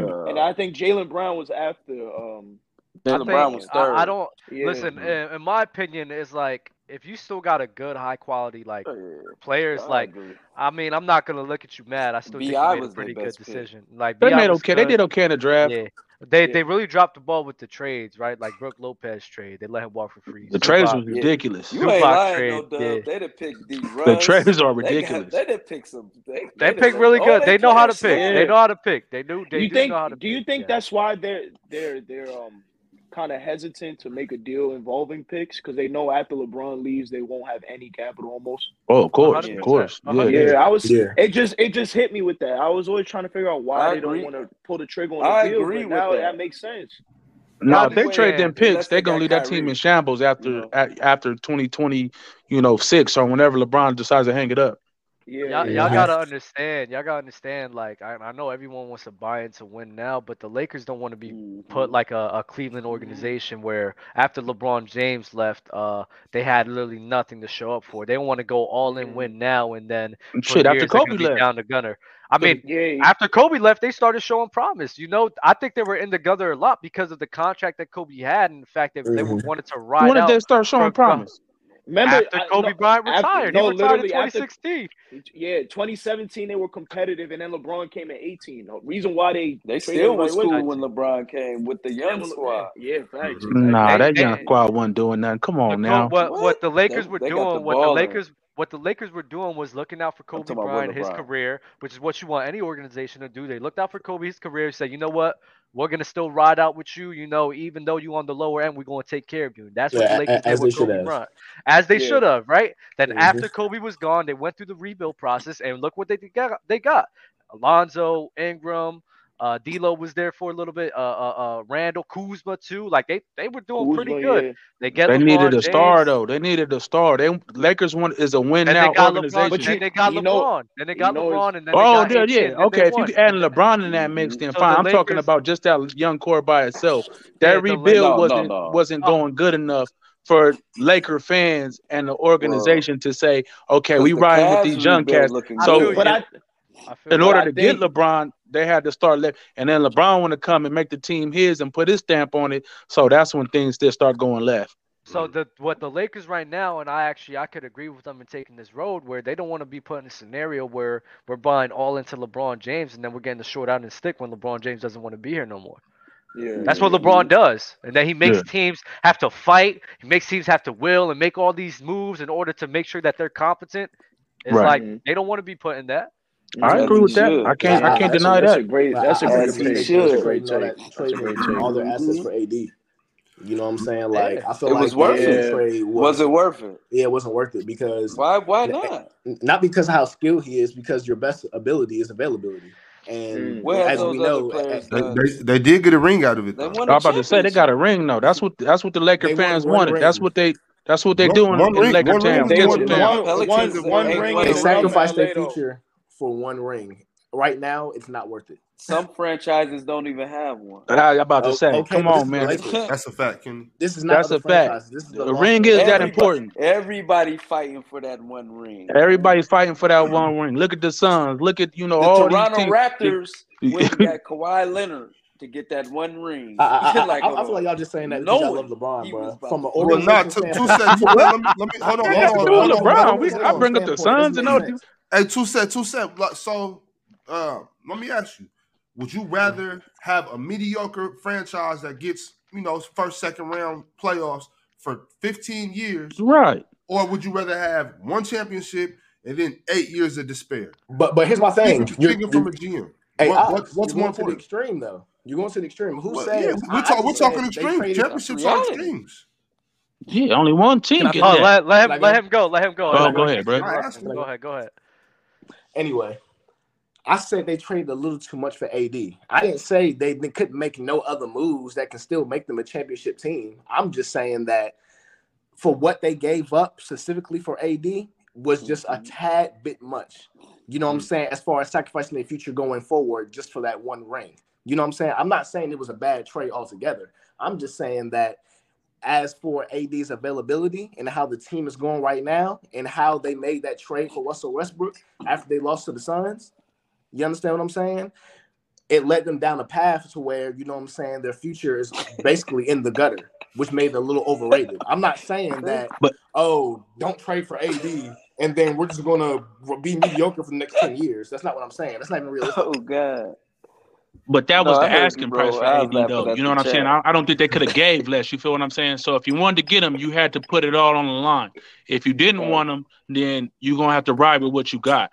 [SPEAKER 3] Uh,
[SPEAKER 6] and I think Jalen Brown was after. Um,
[SPEAKER 1] I
[SPEAKER 3] Jalen Brown
[SPEAKER 1] think
[SPEAKER 3] was third.
[SPEAKER 1] I, I don't
[SPEAKER 6] yeah,
[SPEAKER 1] listen. In, in my opinion, is like if you still got a good high quality like
[SPEAKER 3] Oh, yeah,
[SPEAKER 1] players,
[SPEAKER 3] I
[SPEAKER 1] like
[SPEAKER 3] agree.
[SPEAKER 1] I mean, I'm not gonna look at you mad. I still think you
[SPEAKER 3] Bi
[SPEAKER 1] made a
[SPEAKER 3] was their
[SPEAKER 1] pretty good
[SPEAKER 3] best pick.
[SPEAKER 1] decision. Like
[SPEAKER 4] They
[SPEAKER 1] Bi
[SPEAKER 4] made
[SPEAKER 1] was
[SPEAKER 4] okay. They
[SPEAKER 1] good.
[SPEAKER 4] did okay in the draft.
[SPEAKER 1] Yeah, they
[SPEAKER 6] Yeah.
[SPEAKER 1] they really dropped the ball with the trades, right? Like Brooke Lopez trade, they let him walk for free.
[SPEAKER 4] The trades
[SPEAKER 1] Zubac,
[SPEAKER 4] was
[SPEAKER 3] Yeah.
[SPEAKER 4] ridiculous.
[SPEAKER 3] You ain't
[SPEAKER 1] Zubac
[SPEAKER 3] lying
[SPEAKER 1] trade,
[SPEAKER 3] though,
[SPEAKER 1] yeah.
[SPEAKER 3] Dub. They done picked D
[SPEAKER 4] The
[SPEAKER 3] Russ.
[SPEAKER 4] trades are
[SPEAKER 3] They got
[SPEAKER 4] ridiculous.
[SPEAKER 3] they done picked some. They
[SPEAKER 1] They
[SPEAKER 3] they done
[SPEAKER 1] pick
[SPEAKER 3] let
[SPEAKER 1] really
[SPEAKER 3] all
[SPEAKER 1] good.
[SPEAKER 3] they
[SPEAKER 1] They know how to
[SPEAKER 3] players
[SPEAKER 1] pick.
[SPEAKER 3] slide.
[SPEAKER 1] They
[SPEAKER 6] Yeah.
[SPEAKER 1] know how to pick. They do. They
[SPEAKER 6] You
[SPEAKER 1] do know
[SPEAKER 6] think?
[SPEAKER 1] how to
[SPEAKER 6] Do you
[SPEAKER 1] pick.
[SPEAKER 6] think
[SPEAKER 1] Yeah.
[SPEAKER 6] that's why they're they're they're um kind of hesitant to make a deal involving picks because they know after LeBron leaves they won't have any capital almost.
[SPEAKER 4] Oh, of
[SPEAKER 1] A
[SPEAKER 4] course,
[SPEAKER 1] hundred
[SPEAKER 4] of
[SPEAKER 3] Yeah,
[SPEAKER 1] percent.
[SPEAKER 4] course.
[SPEAKER 1] A
[SPEAKER 4] Yeah,
[SPEAKER 1] hundred
[SPEAKER 4] Oh, yeah.
[SPEAKER 6] Yeah,
[SPEAKER 1] percent.
[SPEAKER 6] I was.
[SPEAKER 7] Yeah.
[SPEAKER 6] It just it just hit me with that. I was always trying to figure out why
[SPEAKER 3] I
[SPEAKER 6] they don't
[SPEAKER 3] agree.
[SPEAKER 6] want to pull the trigger on
[SPEAKER 3] I
[SPEAKER 6] a deal,
[SPEAKER 3] agree
[SPEAKER 6] but
[SPEAKER 3] with
[SPEAKER 6] now
[SPEAKER 3] that.
[SPEAKER 6] that makes sense.
[SPEAKER 4] No, if
[SPEAKER 1] Godly
[SPEAKER 4] they
[SPEAKER 1] way
[SPEAKER 4] trade
[SPEAKER 1] in.
[SPEAKER 4] them picks,
[SPEAKER 3] Unless
[SPEAKER 4] they're
[SPEAKER 3] they
[SPEAKER 4] gonna
[SPEAKER 3] got
[SPEAKER 4] leave that team in
[SPEAKER 3] Kyrie.
[SPEAKER 4] shambles
[SPEAKER 3] You
[SPEAKER 4] after
[SPEAKER 3] know.
[SPEAKER 4] at, after 2020, you know, six or whenever LeBron decides to hang it up.
[SPEAKER 1] y'all,
[SPEAKER 7] yeah.
[SPEAKER 1] y'all gotta understand. Y'all gotta understand. Like I, I know everyone wants to buy into win now, but the Lakers don't want to be
[SPEAKER 7] Mm-hmm.
[SPEAKER 1] put like a, a Cleveland organization where after LeBron James left, uh, they had literally nothing to show up for. They want to go all in win now, and then for
[SPEAKER 4] Shit, after
[SPEAKER 1] years they're gonna
[SPEAKER 4] Kobe
[SPEAKER 1] be
[SPEAKER 4] left.
[SPEAKER 1] down the gunner. I mean,
[SPEAKER 6] Yeah,
[SPEAKER 1] after Kobe left, they started showing promise. You know, I think they were in together a lot because of the contract that Kobe had and the fact that they
[SPEAKER 7] Mm-hmm.
[SPEAKER 1] were- wanted to ride
[SPEAKER 4] When did
[SPEAKER 1] out
[SPEAKER 4] they start showing
[SPEAKER 1] from-
[SPEAKER 4] promise?
[SPEAKER 6] remember
[SPEAKER 1] after
[SPEAKER 6] I-
[SPEAKER 1] Kobe
[SPEAKER 6] no,
[SPEAKER 1] Bryant
[SPEAKER 6] after-
[SPEAKER 1] retired.
[SPEAKER 6] no,
[SPEAKER 1] he retired in
[SPEAKER 6] literally after-
[SPEAKER 1] 2016.
[SPEAKER 6] Yeah, 2017 they were competitive, and then LeBron came in 18. The reason why they
[SPEAKER 3] They
[SPEAKER 6] traded
[SPEAKER 3] still
[SPEAKER 6] him,
[SPEAKER 3] was
[SPEAKER 6] like,
[SPEAKER 3] cool when LeBron came with the
[SPEAKER 6] what-
[SPEAKER 3] young squad.
[SPEAKER 6] Yeah, facts.
[SPEAKER 5] Mhm.
[SPEAKER 6] exactly.
[SPEAKER 4] Nah,
[SPEAKER 1] They-
[SPEAKER 4] that young
[SPEAKER 1] they-
[SPEAKER 4] squad wasn't doing nothing. Come
[SPEAKER 1] But
[SPEAKER 4] on
[SPEAKER 1] go-
[SPEAKER 4] now.
[SPEAKER 1] What, what
[SPEAKER 3] What?
[SPEAKER 1] the Lakers
[SPEAKER 3] They-
[SPEAKER 1] were
[SPEAKER 3] they got
[SPEAKER 1] doing,
[SPEAKER 3] the
[SPEAKER 1] what the
[SPEAKER 3] ball in.
[SPEAKER 1] Lakers, what the Lakers were doing was looking out for Kobe
[SPEAKER 3] talking about
[SPEAKER 1] Bryant, his
[SPEAKER 3] LeBron.
[SPEAKER 1] career, which is what you want any organization to do. They looked out for Kobe, his career, said, you know what, we're gonna still ride out with you, you know, even though you on the lower end, we're gonna take care of you. And that's what
[SPEAKER 7] Yeah,
[SPEAKER 1] the
[SPEAKER 7] a-
[SPEAKER 1] Lakers
[SPEAKER 7] as
[SPEAKER 1] did with
[SPEAKER 7] they should
[SPEAKER 1] Kobe
[SPEAKER 7] have.
[SPEAKER 1] Bryant, as they
[SPEAKER 6] Yeah.
[SPEAKER 1] should have, right? Then
[SPEAKER 7] Mhm.
[SPEAKER 1] after Kobe was gone, they went through the rebuild process, and look what they got. They got Alonzo Ingram. Uh, D'Lo was there for a little bit. Uh, uh, uh, Randall Kuzma too. Like they, they were doing
[SPEAKER 6] Kuzma,
[SPEAKER 1] pretty good.
[SPEAKER 6] yeah.
[SPEAKER 1] They get
[SPEAKER 4] They
[SPEAKER 1] LeBron
[SPEAKER 4] needed a
[SPEAKER 1] James.
[SPEAKER 4] star though. They needed a star. They Lakers one is a win
[SPEAKER 1] Then
[SPEAKER 4] now
[SPEAKER 1] they got LeBron.
[SPEAKER 4] organization.
[SPEAKER 1] Then
[SPEAKER 6] you-
[SPEAKER 1] they got
[SPEAKER 6] you know-
[SPEAKER 1] LeBron. Then they
[SPEAKER 6] you
[SPEAKER 1] got
[SPEAKER 6] know it's-
[SPEAKER 1] LeBron. And then they
[SPEAKER 4] Oh
[SPEAKER 1] got
[SPEAKER 4] yeah, yeah.
[SPEAKER 1] AD, and then
[SPEAKER 4] Okay,
[SPEAKER 1] they
[SPEAKER 4] if you
[SPEAKER 1] won.
[SPEAKER 4] add LeBron in that mix,
[SPEAKER 3] Mhm.
[SPEAKER 4] then
[SPEAKER 1] So
[SPEAKER 4] fine.
[SPEAKER 1] the
[SPEAKER 4] I'm talking
[SPEAKER 1] Lakers-
[SPEAKER 4] about just that young core by itself. That
[SPEAKER 1] Yeah, the Lakers-
[SPEAKER 4] rebuild
[SPEAKER 3] No, no,
[SPEAKER 4] wasn't
[SPEAKER 3] no.
[SPEAKER 4] wasn't
[SPEAKER 1] Oh.
[SPEAKER 4] going good enough for Laker fans and the organization to say, okay,
[SPEAKER 3] 'Cause
[SPEAKER 4] we
[SPEAKER 3] the
[SPEAKER 4] riding with
[SPEAKER 3] Cavs
[SPEAKER 4] these young
[SPEAKER 3] rebuild
[SPEAKER 4] cats.
[SPEAKER 3] looking
[SPEAKER 1] I feel
[SPEAKER 4] So
[SPEAKER 1] you.
[SPEAKER 6] But I
[SPEAKER 1] I feel
[SPEAKER 4] in
[SPEAKER 1] you.
[SPEAKER 4] order
[SPEAKER 6] I
[SPEAKER 4] to get
[SPEAKER 6] think-
[SPEAKER 4] LeBron, they had to start left, and then LeBron want to come and make the team his and put his stamp on it. So that's when things did start going left.
[SPEAKER 1] So the what the Lakers right now, and I actually I could agree with them in taking this road where they don't want to be put in a scenario where we're buying all into LeBron James and then we're getting the short out and stick when LeBron James doesn't want to be here no more.
[SPEAKER 6] yeah.
[SPEAKER 1] That's what LeBron does, and then he makes teams have to fight. He makes teams have to will and make all these moves in order to make sure that they're competent. It's
[SPEAKER 4] Right.
[SPEAKER 1] like they don't want to be put in that.
[SPEAKER 4] I
[SPEAKER 3] As
[SPEAKER 4] agree
[SPEAKER 3] he
[SPEAKER 4] with that.
[SPEAKER 3] should.
[SPEAKER 4] I can't. I
[SPEAKER 7] Yeah,
[SPEAKER 4] can't
[SPEAKER 6] that's
[SPEAKER 4] deny
[SPEAKER 6] a, That's
[SPEAKER 4] that.
[SPEAKER 6] a great.
[SPEAKER 7] But
[SPEAKER 6] That's a
[SPEAKER 7] I- I
[SPEAKER 6] great
[SPEAKER 3] As he
[SPEAKER 7] agree.
[SPEAKER 6] take. That's a
[SPEAKER 3] should.
[SPEAKER 6] great
[SPEAKER 7] trading all
[SPEAKER 6] take.
[SPEAKER 7] that
[SPEAKER 6] That's a great
[SPEAKER 7] trading
[SPEAKER 6] take.
[SPEAKER 7] all their assets
[SPEAKER 3] Mhm.
[SPEAKER 7] for AD. You know what I'm saying? Like
[SPEAKER 1] Yeah.
[SPEAKER 7] I feel
[SPEAKER 3] It
[SPEAKER 7] like
[SPEAKER 3] was worth
[SPEAKER 7] the AD
[SPEAKER 6] it.
[SPEAKER 7] trade
[SPEAKER 3] Was
[SPEAKER 7] was
[SPEAKER 3] it worth it?
[SPEAKER 7] yeah, it wasn't worth it because
[SPEAKER 3] Why? Why
[SPEAKER 7] n-
[SPEAKER 3] not?
[SPEAKER 7] not because of how skilled he is, because your best ability is availability. And
[SPEAKER 6] Mm.
[SPEAKER 3] What have
[SPEAKER 7] as
[SPEAKER 3] those
[SPEAKER 7] we
[SPEAKER 3] other
[SPEAKER 7] know, a-
[SPEAKER 3] players
[SPEAKER 5] They,
[SPEAKER 3] done?
[SPEAKER 5] they, they did get a ring out of it
[SPEAKER 3] uh, They
[SPEAKER 5] though.
[SPEAKER 3] won
[SPEAKER 4] I'm
[SPEAKER 3] a
[SPEAKER 4] about to say they got
[SPEAKER 3] championship.
[SPEAKER 4] a ring though. That's what that's what the Laker
[SPEAKER 7] They won
[SPEAKER 4] fans
[SPEAKER 7] one
[SPEAKER 4] wanted.
[SPEAKER 7] ring.
[SPEAKER 4] That's what they that's what they
[SPEAKER 5] One-
[SPEAKER 4] doing
[SPEAKER 5] one
[SPEAKER 4] in, in
[SPEAKER 5] ring-
[SPEAKER 4] Laker
[SPEAKER 5] one ring
[SPEAKER 4] town.
[SPEAKER 5] is
[SPEAKER 6] They
[SPEAKER 5] more
[SPEAKER 4] Central
[SPEAKER 5] than
[SPEAKER 6] one
[SPEAKER 4] town.
[SPEAKER 5] enough.
[SPEAKER 6] one
[SPEAKER 3] Pelicans
[SPEAKER 6] one
[SPEAKER 3] ain't
[SPEAKER 6] ring
[SPEAKER 3] won
[SPEAKER 7] They
[SPEAKER 3] a
[SPEAKER 6] ain't enough,
[SPEAKER 3] ring.
[SPEAKER 7] sacrificed their
[SPEAKER 6] LA though.
[SPEAKER 7] future for one ring. Right now, it's not worth it.
[SPEAKER 3] Some franchises don't even have one.
[SPEAKER 4] But I, am about to
[SPEAKER 7] O-
[SPEAKER 4] say,
[SPEAKER 7] okay,
[SPEAKER 4] come
[SPEAKER 7] but
[SPEAKER 4] on,
[SPEAKER 7] this is the
[SPEAKER 4] man.
[SPEAKER 7] Lakers.
[SPEAKER 5] That's a fact, Kenny.
[SPEAKER 7] This is not
[SPEAKER 4] That's
[SPEAKER 7] other
[SPEAKER 4] a fact.
[SPEAKER 7] franchises. This is the
[SPEAKER 4] A
[SPEAKER 7] Los
[SPEAKER 4] ring is
[SPEAKER 7] Angeles
[SPEAKER 4] that
[SPEAKER 7] Lakers.
[SPEAKER 3] Everybody,
[SPEAKER 4] important.
[SPEAKER 3] everybody fighting for that one ring, man.
[SPEAKER 4] Everybody's fighting for that one ring. Look at the Suns. Look at you know
[SPEAKER 3] The
[SPEAKER 4] all these
[SPEAKER 3] Toronto
[SPEAKER 4] teams.
[SPEAKER 3] Raptors went and
[SPEAKER 4] It-
[SPEAKER 3] got Kawhi Leonard to get that one ring.
[SPEAKER 7] I, I,
[SPEAKER 3] You're
[SPEAKER 7] I,
[SPEAKER 3] like,
[SPEAKER 7] I- I
[SPEAKER 3] hold
[SPEAKER 7] feel
[SPEAKER 3] on,
[SPEAKER 7] like y'all just saying that because y'all love
[SPEAKER 3] knowing
[SPEAKER 7] LeBron,
[SPEAKER 3] he was
[SPEAKER 7] bro.
[SPEAKER 3] about
[SPEAKER 7] From
[SPEAKER 3] to
[SPEAKER 7] an
[SPEAKER 5] Well,
[SPEAKER 7] organizational
[SPEAKER 5] not nah, two, two sec,
[SPEAKER 7] standpoint,
[SPEAKER 5] two sec. Let me, let me hold on, hold
[SPEAKER 4] I got
[SPEAKER 7] yes,
[SPEAKER 4] to
[SPEAKER 5] on,
[SPEAKER 4] do
[SPEAKER 7] bro.
[SPEAKER 5] hold
[SPEAKER 4] with
[SPEAKER 7] From
[SPEAKER 5] on,
[SPEAKER 7] an
[SPEAKER 5] hold
[SPEAKER 4] LeBron. We
[SPEAKER 5] on,
[SPEAKER 4] I
[SPEAKER 5] hold
[SPEAKER 7] organizational
[SPEAKER 5] on.
[SPEAKER 4] bring up the
[SPEAKER 7] standpoint, it doesn't
[SPEAKER 4] Suns and
[SPEAKER 7] make
[SPEAKER 4] all these.
[SPEAKER 7] sense.
[SPEAKER 5] Hey, two set, two set. Like, so, uh, let me ask you: Would you rather have a mediocre franchise that gets, you know, first, second round playoffs for 15 years,
[SPEAKER 4] Right.
[SPEAKER 5] or would you rather have one championship and then eight years of despair?
[SPEAKER 7] But but here's my thing.
[SPEAKER 5] Speaking,
[SPEAKER 7] You're,
[SPEAKER 5] speaking from
[SPEAKER 7] you're,
[SPEAKER 5] a GM,
[SPEAKER 7] hey,
[SPEAKER 5] what, what
[SPEAKER 7] Ops,
[SPEAKER 5] what's more
[SPEAKER 7] you're going to the
[SPEAKER 5] important?
[SPEAKER 7] extreme though. You're going to the extreme. Who
[SPEAKER 5] Well, yeah,
[SPEAKER 7] says
[SPEAKER 5] we're
[SPEAKER 7] I, I
[SPEAKER 5] talking, we're
[SPEAKER 7] just
[SPEAKER 5] talking
[SPEAKER 7] said they
[SPEAKER 5] extreme.
[SPEAKER 7] traded?
[SPEAKER 3] That's
[SPEAKER 5] Championships are
[SPEAKER 3] reality.
[SPEAKER 5] extremes.
[SPEAKER 4] Yeah. Only one
[SPEAKER 7] Can
[SPEAKER 4] team
[SPEAKER 7] I
[SPEAKER 4] get
[SPEAKER 1] Oh,
[SPEAKER 4] that.
[SPEAKER 1] let let
[SPEAKER 7] can
[SPEAKER 1] him
[SPEAKER 7] I
[SPEAKER 1] let
[SPEAKER 7] go?
[SPEAKER 1] him go. Let him go. I
[SPEAKER 7] Can I
[SPEAKER 4] Oh,
[SPEAKER 1] didn't mean
[SPEAKER 4] go
[SPEAKER 7] go?
[SPEAKER 1] to
[SPEAKER 4] ahead,
[SPEAKER 1] keep
[SPEAKER 4] brother.
[SPEAKER 5] I
[SPEAKER 1] interrupting.
[SPEAKER 5] asked
[SPEAKER 7] Can I
[SPEAKER 5] him.
[SPEAKER 1] Go
[SPEAKER 7] go?
[SPEAKER 1] ahead. Go ahead.
[SPEAKER 7] Anyway, I said they traded a little too much for AD. I didn't say they, they couldn't make no other moves that can still make them a championship team. I'm just saying that for what they gave up specifically for AD was just a tad bit much. You know what I'm saying? As far as sacrificing their future going forward just for that one ring. You know what I'm saying? I'm not saying it was a bad trade altogether. I'm just saying that as for AD's availability and how the team is going right now and how they made that trade for Russell Westbrook after they lost to the Suns, you understand what I'm saying? It led them down a path to where, you know what I'm saying, their future is basically in the gutter, which made it a little overrated. I'm not saying that,
[SPEAKER 4] But
[SPEAKER 7] oh, don't trade for AD and then we're just going to be mediocre for the next 10 years. That's not what I'm saying. That's not even realistic.
[SPEAKER 3] Oh God.
[SPEAKER 4] But that
[SPEAKER 3] No,
[SPEAKER 4] was
[SPEAKER 3] I
[SPEAKER 4] the
[SPEAKER 3] heard you,
[SPEAKER 4] asking price
[SPEAKER 3] bro.
[SPEAKER 4] for
[SPEAKER 3] I
[SPEAKER 4] AD,
[SPEAKER 3] was laughing
[SPEAKER 4] though. You
[SPEAKER 3] at
[SPEAKER 4] know
[SPEAKER 3] the
[SPEAKER 4] what I'm saying?
[SPEAKER 3] chat.
[SPEAKER 4] I, I don't think they could have gave less. You feel what I'm saying? So if you wanted to get him, you had to put it all on the line. If you didn't
[SPEAKER 3] Right.
[SPEAKER 4] want him, then you're gonna have to ride with what you
[SPEAKER 3] I
[SPEAKER 4] got.
[SPEAKER 7] Oh,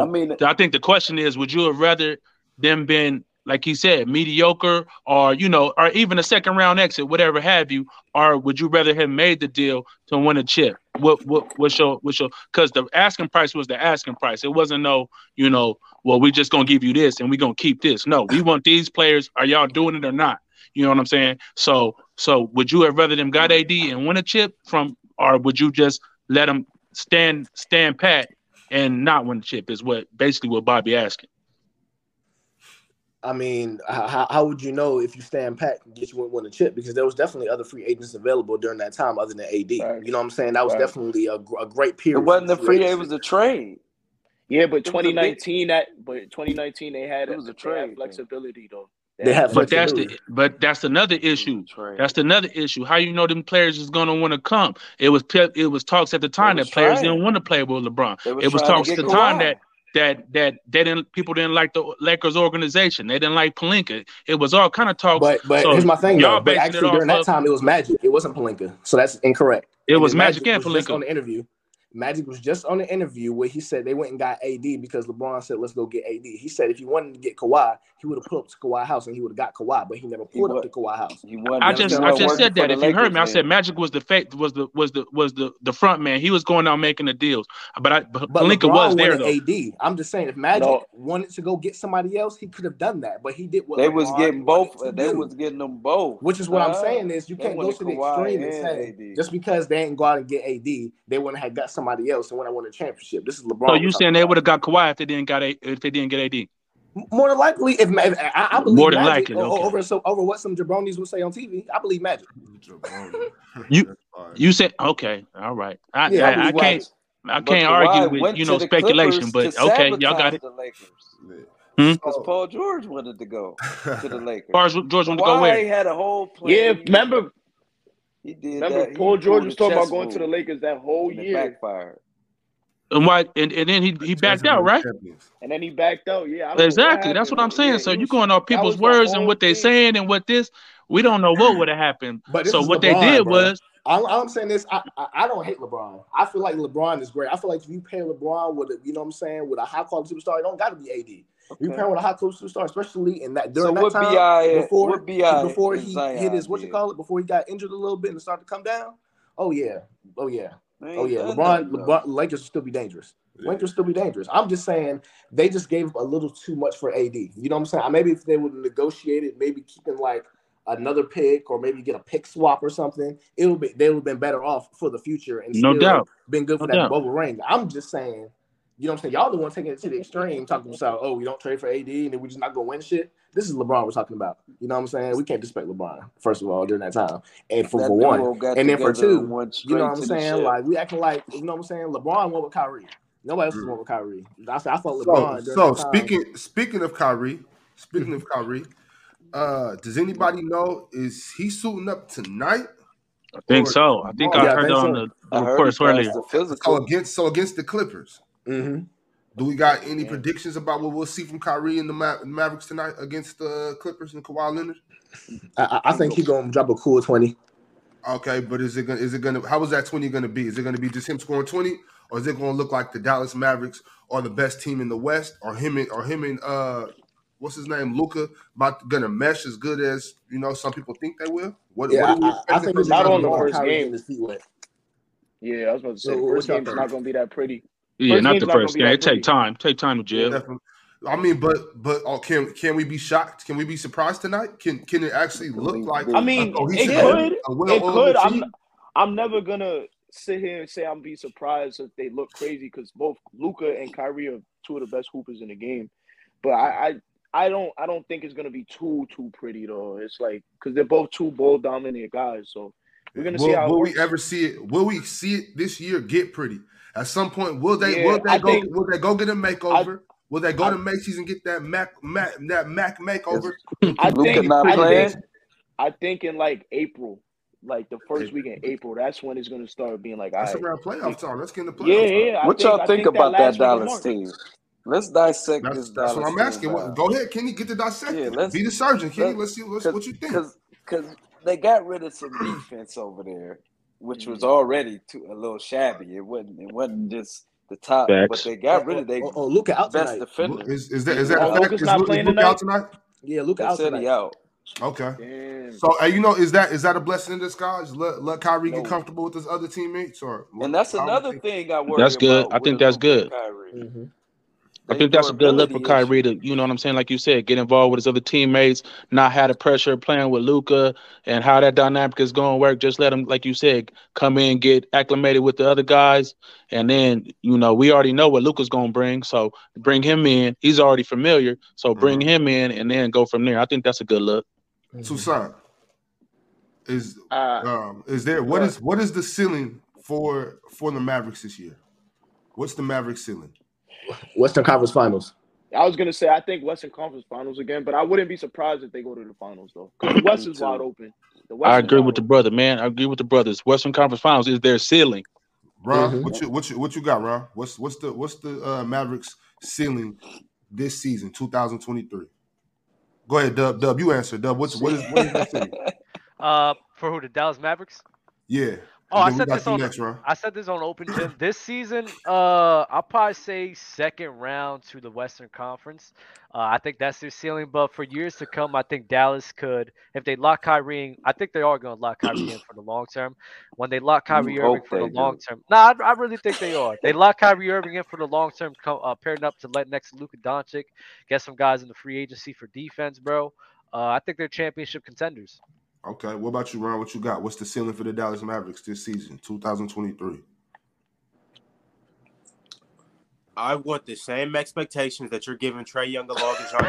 [SPEAKER 4] So
[SPEAKER 3] mean,
[SPEAKER 4] I think the question is, would you have rather them been like he said, mediocre, or you know, or even a second round exit, whatever have you, or would you rather have made the deal to win a chip? What what what's your what's your? Because the asking price was the asking price. It wasn't no, you know, well, we just gonna give you this and we gonna keep this. No, we want these players. Are y'all doing it or not? You know what I'm saying? So, so would you have rather them got AD and win a chip from, or would you just let them stand stand pat and not win the chip is what basically what Bobby asking.
[SPEAKER 7] I mean, how, how would you know if you stand pat and get you one win a chip? Because there was definitely other free agents available during that time, other than AD. You know what I'm saying? That was
[SPEAKER 6] Right.
[SPEAKER 7] definitely a, gr- a great period.
[SPEAKER 3] It wasn't
[SPEAKER 7] for
[SPEAKER 3] a free. It
[SPEAKER 7] agency.
[SPEAKER 3] was a trade.
[SPEAKER 6] Yeah, but
[SPEAKER 3] It was a big-
[SPEAKER 6] 2019 that but 2019 they had
[SPEAKER 3] It was a
[SPEAKER 6] they had
[SPEAKER 3] trade,
[SPEAKER 6] flexibility though.
[SPEAKER 7] They had
[SPEAKER 4] But that's the
[SPEAKER 7] flexibility.
[SPEAKER 4] but that's another issue.
[SPEAKER 3] Trade.
[SPEAKER 4] That's another issue. How you know them players is gonna want to come? It was pe- it was talks at the time
[SPEAKER 3] was
[SPEAKER 4] that players
[SPEAKER 3] trying.
[SPEAKER 4] didn't want to play with LeBron.
[SPEAKER 3] They was
[SPEAKER 4] It was
[SPEAKER 3] trying to
[SPEAKER 4] talks at
[SPEAKER 3] get
[SPEAKER 4] the
[SPEAKER 3] Kawhi.
[SPEAKER 4] time that that that they didn't people didn't like the Lakers organization. They didn't like Palinka. It was all kind of talks.
[SPEAKER 7] But but
[SPEAKER 4] So
[SPEAKER 7] here's my thing
[SPEAKER 4] y'all
[SPEAKER 7] though. But
[SPEAKER 4] basing it
[SPEAKER 7] actually,
[SPEAKER 4] off
[SPEAKER 7] during that
[SPEAKER 4] of-
[SPEAKER 7] time, it was Magic. It wasn't Palinka, so that's incorrect.
[SPEAKER 4] It
[SPEAKER 7] And
[SPEAKER 4] was
[SPEAKER 7] then
[SPEAKER 4] Magic and
[SPEAKER 7] was just
[SPEAKER 4] Palinka.
[SPEAKER 7] on the interview. Magic was just on the interview where he said they went and got AD because LeBron said, "Let's go get AD." He said if he wanted to get Kawhi, he would have pulled up to Kawhi house and he would have got Kawhi, but he never
[SPEAKER 3] He
[SPEAKER 7] pulled
[SPEAKER 3] wa-
[SPEAKER 7] up to Kawhi house.
[SPEAKER 3] He wasn't,
[SPEAKER 4] I
[SPEAKER 3] he
[SPEAKER 4] just
[SPEAKER 3] wasn't
[SPEAKER 4] I just
[SPEAKER 3] working
[SPEAKER 4] said
[SPEAKER 3] for
[SPEAKER 4] that
[SPEAKER 3] the
[SPEAKER 4] if you heard me, I
[SPEAKER 3] Lakers
[SPEAKER 4] said
[SPEAKER 3] then.
[SPEAKER 4] Magic was the fate was the was the was the the front man. He was going out making the deals, but I but
[SPEAKER 7] But
[SPEAKER 4] Palinka
[SPEAKER 7] LeBron
[SPEAKER 4] was there
[SPEAKER 7] wanted
[SPEAKER 4] though.
[SPEAKER 7] AD. I'm just saying, if Magic
[SPEAKER 6] No.
[SPEAKER 7] wanted to go get somebody else, he could have done that, but he did what
[SPEAKER 3] They
[SPEAKER 7] LeBron
[SPEAKER 3] was getting both.
[SPEAKER 7] wanted to
[SPEAKER 3] They
[SPEAKER 7] do.
[SPEAKER 3] was getting them both.
[SPEAKER 7] Which is what I'm
[SPEAKER 3] son.
[SPEAKER 7] saying is you
[SPEAKER 3] They
[SPEAKER 7] can't go
[SPEAKER 3] wanted
[SPEAKER 7] to the
[SPEAKER 3] Kawhi
[SPEAKER 7] extreme and
[SPEAKER 3] and
[SPEAKER 7] say
[SPEAKER 3] AD.
[SPEAKER 7] just because they ain't go out and get AD, they wouldn't have got somebody else and wouldn't have won a championship. This is LeBron.
[SPEAKER 4] So
[SPEAKER 7] we're
[SPEAKER 4] you
[SPEAKER 7] talking
[SPEAKER 4] saying they
[SPEAKER 7] about.
[SPEAKER 4] would have got Kawhi if they didn't got a, if they didn't get AD?
[SPEAKER 7] more than likely if, Ma- if I, I believe
[SPEAKER 4] More than
[SPEAKER 7] Magic
[SPEAKER 4] likely,
[SPEAKER 7] o- o-
[SPEAKER 4] okay.
[SPEAKER 7] over so over what some jabronis would say on TV, I believe Magic.
[SPEAKER 4] You-
[SPEAKER 5] That's fire.
[SPEAKER 4] You said okay, all right. I
[SPEAKER 7] Yeah,
[SPEAKER 4] I, I
[SPEAKER 7] believe
[SPEAKER 4] can't I can't argue with
[SPEAKER 3] went
[SPEAKER 4] you
[SPEAKER 3] to
[SPEAKER 4] know
[SPEAKER 3] the
[SPEAKER 4] speculation,
[SPEAKER 3] Clippers
[SPEAKER 4] but
[SPEAKER 3] to
[SPEAKER 4] okay, y'all got
[SPEAKER 3] sabotage
[SPEAKER 4] it.
[SPEAKER 3] The Lakers
[SPEAKER 4] Hmm?
[SPEAKER 3] because
[SPEAKER 5] So-
[SPEAKER 3] Paul George wanted to go to the Lakers.
[SPEAKER 4] As far as George wanted to go
[SPEAKER 3] Kawhi
[SPEAKER 4] where?
[SPEAKER 3] had a whole plan.
[SPEAKER 6] Yeah,
[SPEAKER 3] He-
[SPEAKER 6] remember
[SPEAKER 3] he did
[SPEAKER 6] remember
[SPEAKER 3] that. He
[SPEAKER 6] Paul George
[SPEAKER 3] pulled
[SPEAKER 6] was
[SPEAKER 3] a
[SPEAKER 6] talking about
[SPEAKER 3] chess
[SPEAKER 6] going to the
[SPEAKER 3] move,
[SPEAKER 6] Lakers that whole
[SPEAKER 3] and it
[SPEAKER 6] year
[SPEAKER 3] backfired.
[SPEAKER 4] And why? And, and then he, he backed out, right?
[SPEAKER 5] Champions.
[SPEAKER 6] and then he backed out. Yeah, I don't know what
[SPEAKER 4] Exactly. That's
[SPEAKER 6] happened,
[SPEAKER 4] what I'm
[SPEAKER 6] but yeah,
[SPEAKER 4] saying.
[SPEAKER 6] he
[SPEAKER 4] So you
[SPEAKER 6] was
[SPEAKER 4] going off
[SPEAKER 6] that
[SPEAKER 4] people's
[SPEAKER 6] was the
[SPEAKER 4] words and
[SPEAKER 6] whole
[SPEAKER 4] what they
[SPEAKER 6] thing.
[SPEAKER 4] saying and what this. We don't know what would have happened.
[SPEAKER 7] But this
[SPEAKER 4] So
[SPEAKER 7] is
[SPEAKER 4] what
[SPEAKER 7] LeBron,
[SPEAKER 4] they did
[SPEAKER 7] bro.
[SPEAKER 4] was
[SPEAKER 7] All, all I'm saying is I, I I don't hate LeBron. I feel like LeBron is great. I feel like if you pair LeBron with a you know what I'm saying with a high quality superstar, it don't got to be AD. You
[SPEAKER 3] Okay.
[SPEAKER 7] pair with a high quality superstar, especially in that
[SPEAKER 3] So
[SPEAKER 7] during
[SPEAKER 3] what
[SPEAKER 7] that time
[SPEAKER 3] bi
[SPEAKER 7] before
[SPEAKER 3] what bi
[SPEAKER 7] before
[SPEAKER 3] and
[SPEAKER 7] he
[SPEAKER 3] Zion
[SPEAKER 7] hit his what you
[SPEAKER 3] did?
[SPEAKER 7] call it before he got injured a little bit and started to come down. Oh yeah, oh yeah,
[SPEAKER 3] They ain't
[SPEAKER 7] oh yeah.
[SPEAKER 3] done
[SPEAKER 7] LeBron
[SPEAKER 3] nothing, though.
[SPEAKER 7] LeBron Lakers will still be dangerous.
[SPEAKER 5] Yeah.
[SPEAKER 7] Lakers still be dangerous. I'm just saying they just gave up a little too much for AD. You know what I'm saying? Maybe if they would have negotiated, maybe keeping like another pick or maybe get a pick swap or something, it would be they would have been better off for the future and
[SPEAKER 4] no
[SPEAKER 7] still
[SPEAKER 4] doubt.
[SPEAKER 7] been good for
[SPEAKER 4] No
[SPEAKER 7] that
[SPEAKER 4] doubt.
[SPEAKER 7] bubble ring. I'm just saying, you know what I'm saying? Y'all the ones taking it to the extreme, talking about oh we don't trade for AD and then we just not gonna win shit. This is LeBron we're talking about. You know what I'm saying? We can't disrespect LeBron first of all during that time, and for,
[SPEAKER 3] That
[SPEAKER 7] for one,
[SPEAKER 3] duo got
[SPEAKER 7] and then for
[SPEAKER 3] together and
[SPEAKER 7] two,
[SPEAKER 3] went
[SPEAKER 7] you
[SPEAKER 3] straight
[SPEAKER 7] know what I'm
[SPEAKER 3] to the
[SPEAKER 7] saying?
[SPEAKER 3] ship.
[SPEAKER 7] Like we acting like you know what I'm saying. LeBron went with Kyrie. Nobody else
[SPEAKER 5] Mm.
[SPEAKER 7] went with Kyrie. I said I thought
[SPEAKER 5] So,
[SPEAKER 7] LeBron during
[SPEAKER 5] so
[SPEAKER 7] that time.
[SPEAKER 5] speaking speaking of Kyrie, speaking of Kyrie, uh, does anybody know is he suiting up tonight
[SPEAKER 4] I think
[SPEAKER 5] or
[SPEAKER 4] so. I think I
[SPEAKER 7] Yeah,
[SPEAKER 5] tomorrow?
[SPEAKER 7] I
[SPEAKER 4] heard that
[SPEAKER 7] think
[SPEAKER 4] on
[SPEAKER 7] so.
[SPEAKER 4] the, the
[SPEAKER 3] I heard he
[SPEAKER 4] reports earlier.
[SPEAKER 3] passed the
[SPEAKER 5] So
[SPEAKER 3] physical.
[SPEAKER 5] against so against the Clippers,
[SPEAKER 7] hmm
[SPEAKER 5] do we got any
[SPEAKER 3] Yeah.
[SPEAKER 5] predictions about what we'll see from Kyrie and the Ma- Mavericks tonight against the Clippers and Kawhi Leonard?
[SPEAKER 7] I, I I
[SPEAKER 3] He
[SPEAKER 7] think
[SPEAKER 3] go
[SPEAKER 7] he gonna drop a cool twenty.
[SPEAKER 5] Okay, but is it gonna is it gonna how is that twenty gonna be? Is it gonna be just him scoring twenty, or is it gonna look like the Dallas Mavericks are the best team in the West, or him and or him and uh, what's his name, Luca, about gonna mesh as good as you know some people think they will? What what
[SPEAKER 7] Yeah,
[SPEAKER 5] are we
[SPEAKER 7] I, I I
[SPEAKER 5] expecting
[SPEAKER 7] think
[SPEAKER 5] from
[SPEAKER 7] it's
[SPEAKER 5] him
[SPEAKER 7] just
[SPEAKER 6] Not
[SPEAKER 7] gonna
[SPEAKER 6] on the
[SPEAKER 7] be like
[SPEAKER 5] tomorrow?
[SPEAKER 6] first
[SPEAKER 7] Kyrie
[SPEAKER 6] game.
[SPEAKER 7] getting his feet wet.
[SPEAKER 6] Yeah, I was about to say
[SPEAKER 7] So
[SPEAKER 6] the
[SPEAKER 7] what
[SPEAKER 6] first
[SPEAKER 7] y'all
[SPEAKER 6] game's
[SPEAKER 7] think?
[SPEAKER 6] not gonna be that pretty.
[SPEAKER 4] Yeah,
[SPEAKER 6] First
[SPEAKER 4] not the
[SPEAKER 6] game's not gonna
[SPEAKER 4] first
[SPEAKER 6] be
[SPEAKER 4] game.
[SPEAKER 6] that
[SPEAKER 4] It take
[SPEAKER 6] pretty.
[SPEAKER 4] time. Take time to
[SPEAKER 6] Yeah.
[SPEAKER 4] jail.
[SPEAKER 5] Definitely. I mean, but but oh, can can we be shocked? Can we be surprised tonight? Can can it actually look
[SPEAKER 3] believe
[SPEAKER 5] like
[SPEAKER 6] I
[SPEAKER 3] this.
[SPEAKER 5] a
[SPEAKER 4] Oh,
[SPEAKER 6] mean,
[SPEAKER 5] cohesive
[SPEAKER 6] it
[SPEAKER 3] Yeah.
[SPEAKER 5] team,
[SPEAKER 6] could,
[SPEAKER 5] a well
[SPEAKER 6] it could.
[SPEAKER 5] oiled
[SPEAKER 6] I'm,
[SPEAKER 5] team?
[SPEAKER 6] I'm never gonna sit here and say I'm be surprised if they look crazy because both Luca and Kyrie are two of the best hoopers in the game. But I, I, I don't, I don't think it's gonna be too, too pretty though. It's like because they're both two ball dominant guys, so we're gonna see
[SPEAKER 5] Will
[SPEAKER 6] how it
[SPEAKER 5] will we
[SPEAKER 6] works.
[SPEAKER 5] ever see it? Will we see it this year? Get pretty at some point. Will they?
[SPEAKER 6] Yeah,
[SPEAKER 5] Will they
[SPEAKER 6] I
[SPEAKER 5] go?
[SPEAKER 6] think
[SPEAKER 5] Will they go get a makeover? will they go
[SPEAKER 6] I,
[SPEAKER 5] to Macy's and get that Mac, Mac that Mac makeover?
[SPEAKER 3] Is
[SPEAKER 6] I
[SPEAKER 3] Luca
[SPEAKER 6] think,
[SPEAKER 3] not
[SPEAKER 6] I think,
[SPEAKER 3] playing?
[SPEAKER 6] I think in like April, like the first
[SPEAKER 5] Hey,
[SPEAKER 6] week in April, that's when it's gonna start being like, all
[SPEAKER 5] that's
[SPEAKER 6] right,
[SPEAKER 5] around
[SPEAKER 6] we,
[SPEAKER 5] playoff time. Let's get in the
[SPEAKER 6] yeah,
[SPEAKER 5] playoff time.
[SPEAKER 6] yeah. I
[SPEAKER 3] What
[SPEAKER 6] think,
[SPEAKER 3] y'all
[SPEAKER 6] I
[SPEAKER 3] think
[SPEAKER 6] think that
[SPEAKER 3] about that
[SPEAKER 6] last week in
[SPEAKER 3] Dallas
[SPEAKER 6] March.
[SPEAKER 3] team? Let's dissect
[SPEAKER 5] That's
[SPEAKER 3] this
[SPEAKER 5] that's what
[SPEAKER 3] Dallas
[SPEAKER 5] I'm
[SPEAKER 3] team
[SPEAKER 5] asking. What,
[SPEAKER 3] now.
[SPEAKER 5] go ahead, Kenny. Get to
[SPEAKER 3] Yeah,
[SPEAKER 5] dissecting.
[SPEAKER 3] let's
[SPEAKER 5] Be the surgeon, Kenny.
[SPEAKER 3] let
[SPEAKER 5] Let's see. Let's,
[SPEAKER 3] cause
[SPEAKER 5] what you think.
[SPEAKER 3] cause cause they got rid of some defense over there, which was
[SPEAKER 6] Mm.
[SPEAKER 3] already too, a little shabby. It wasn't it wasn't just the top, but
[SPEAKER 4] Facts.
[SPEAKER 3] they
[SPEAKER 7] Oh,
[SPEAKER 3] got rid
[SPEAKER 7] oh,
[SPEAKER 3] of their
[SPEAKER 7] oh, oh, Luca out
[SPEAKER 3] best
[SPEAKER 7] tonight.
[SPEAKER 5] Lu-
[SPEAKER 3] defender.
[SPEAKER 5] Is is that is
[SPEAKER 3] He's
[SPEAKER 5] that
[SPEAKER 6] Oh,
[SPEAKER 5] a
[SPEAKER 3] out.
[SPEAKER 5] fact?
[SPEAKER 6] Luca's
[SPEAKER 5] Is,
[SPEAKER 6] not
[SPEAKER 5] Lu- is
[SPEAKER 6] playing
[SPEAKER 5] Luke out
[SPEAKER 6] tonight.
[SPEAKER 5] tonight?
[SPEAKER 7] Yeah, Luca
[SPEAKER 3] They
[SPEAKER 7] out
[SPEAKER 3] said he
[SPEAKER 7] tonight.
[SPEAKER 3] out.
[SPEAKER 5] Okay.
[SPEAKER 6] Damn.
[SPEAKER 5] So hey, you know, is that is that a blessing in disguise? Let let Kyrie get
[SPEAKER 3] No.
[SPEAKER 5] comfortable with his other teammates, or what,
[SPEAKER 3] And that's
[SPEAKER 5] how we
[SPEAKER 3] another
[SPEAKER 5] think?
[SPEAKER 3] thing I worry
[SPEAKER 4] That's good.
[SPEAKER 3] about
[SPEAKER 4] I
[SPEAKER 3] with a
[SPEAKER 4] think that's
[SPEAKER 3] Luca and
[SPEAKER 4] good.
[SPEAKER 3] Kyrie.
[SPEAKER 7] hmm
[SPEAKER 4] I think that's a good look for
[SPEAKER 3] durability
[SPEAKER 4] Kyrie to, you know what I'm saying? Like you said, get involved with his other teammates, not have the pressure playing with Luca and how that dynamic is going to work. Just let him, like you said, come in, get acclimated with the other guys. And then, you know, we already know what Luca's going to bring. So bring him in. He's already familiar. So bring him in and then go from there. I think that's a good look.
[SPEAKER 5] Toussaint, is um, is there what is what is the ceiling for for the Mavericks this year? What's the Mavericks ceiling?
[SPEAKER 7] Western Conference Finals.
[SPEAKER 6] I was gonna say I think Western Conference Finals again, but I wouldn't be surprised if they go to the finals though. 'Cause The West is wide open. The West
[SPEAKER 4] I
[SPEAKER 6] is
[SPEAKER 4] agree
[SPEAKER 6] wide
[SPEAKER 4] with the brother, man. I agree with the brothers. Western Conference Finals is their ceiling.
[SPEAKER 5] Ron, what you what you what you got, Ron? What's what's the what's the uh, Mavericks ceiling this season, 2023? Go ahead, Dub. Dub, you answer. Dub, what's what is what is that ceiling?
[SPEAKER 1] Uh, for who the Dallas Mavericks?
[SPEAKER 5] Yeah.
[SPEAKER 1] Oh,
[SPEAKER 5] And
[SPEAKER 1] I
[SPEAKER 5] then we
[SPEAKER 1] said
[SPEAKER 5] got
[SPEAKER 1] this
[SPEAKER 5] you
[SPEAKER 1] on
[SPEAKER 5] next, Ron.
[SPEAKER 1] I said this on Open Gym. This season, uh, I'll probably say second round to the Western Conference. Uh, I think that's their ceiling. But for years to come, I think Dallas could, if they lock Kyrie, in- I think they are going to lock Kyrie in for the long term. When they lock
[SPEAKER 3] You
[SPEAKER 1] Kyrie
[SPEAKER 3] hope
[SPEAKER 1] Irving for the
[SPEAKER 3] they do.
[SPEAKER 1] long term, nah, I, I really think they are. They lock Kyrie Irving in for the long term, co- uh, pairing up to let next to Luka Doncic, get some guys in the free agency for defense, bro. Uh, I think they're championship contenders.
[SPEAKER 5] Okay. What about you, Ron? What you got? What's the ceiling for the Dallas Mavericks this season, 2023?
[SPEAKER 2] I want the same expectations that you're giving Trey Young along as our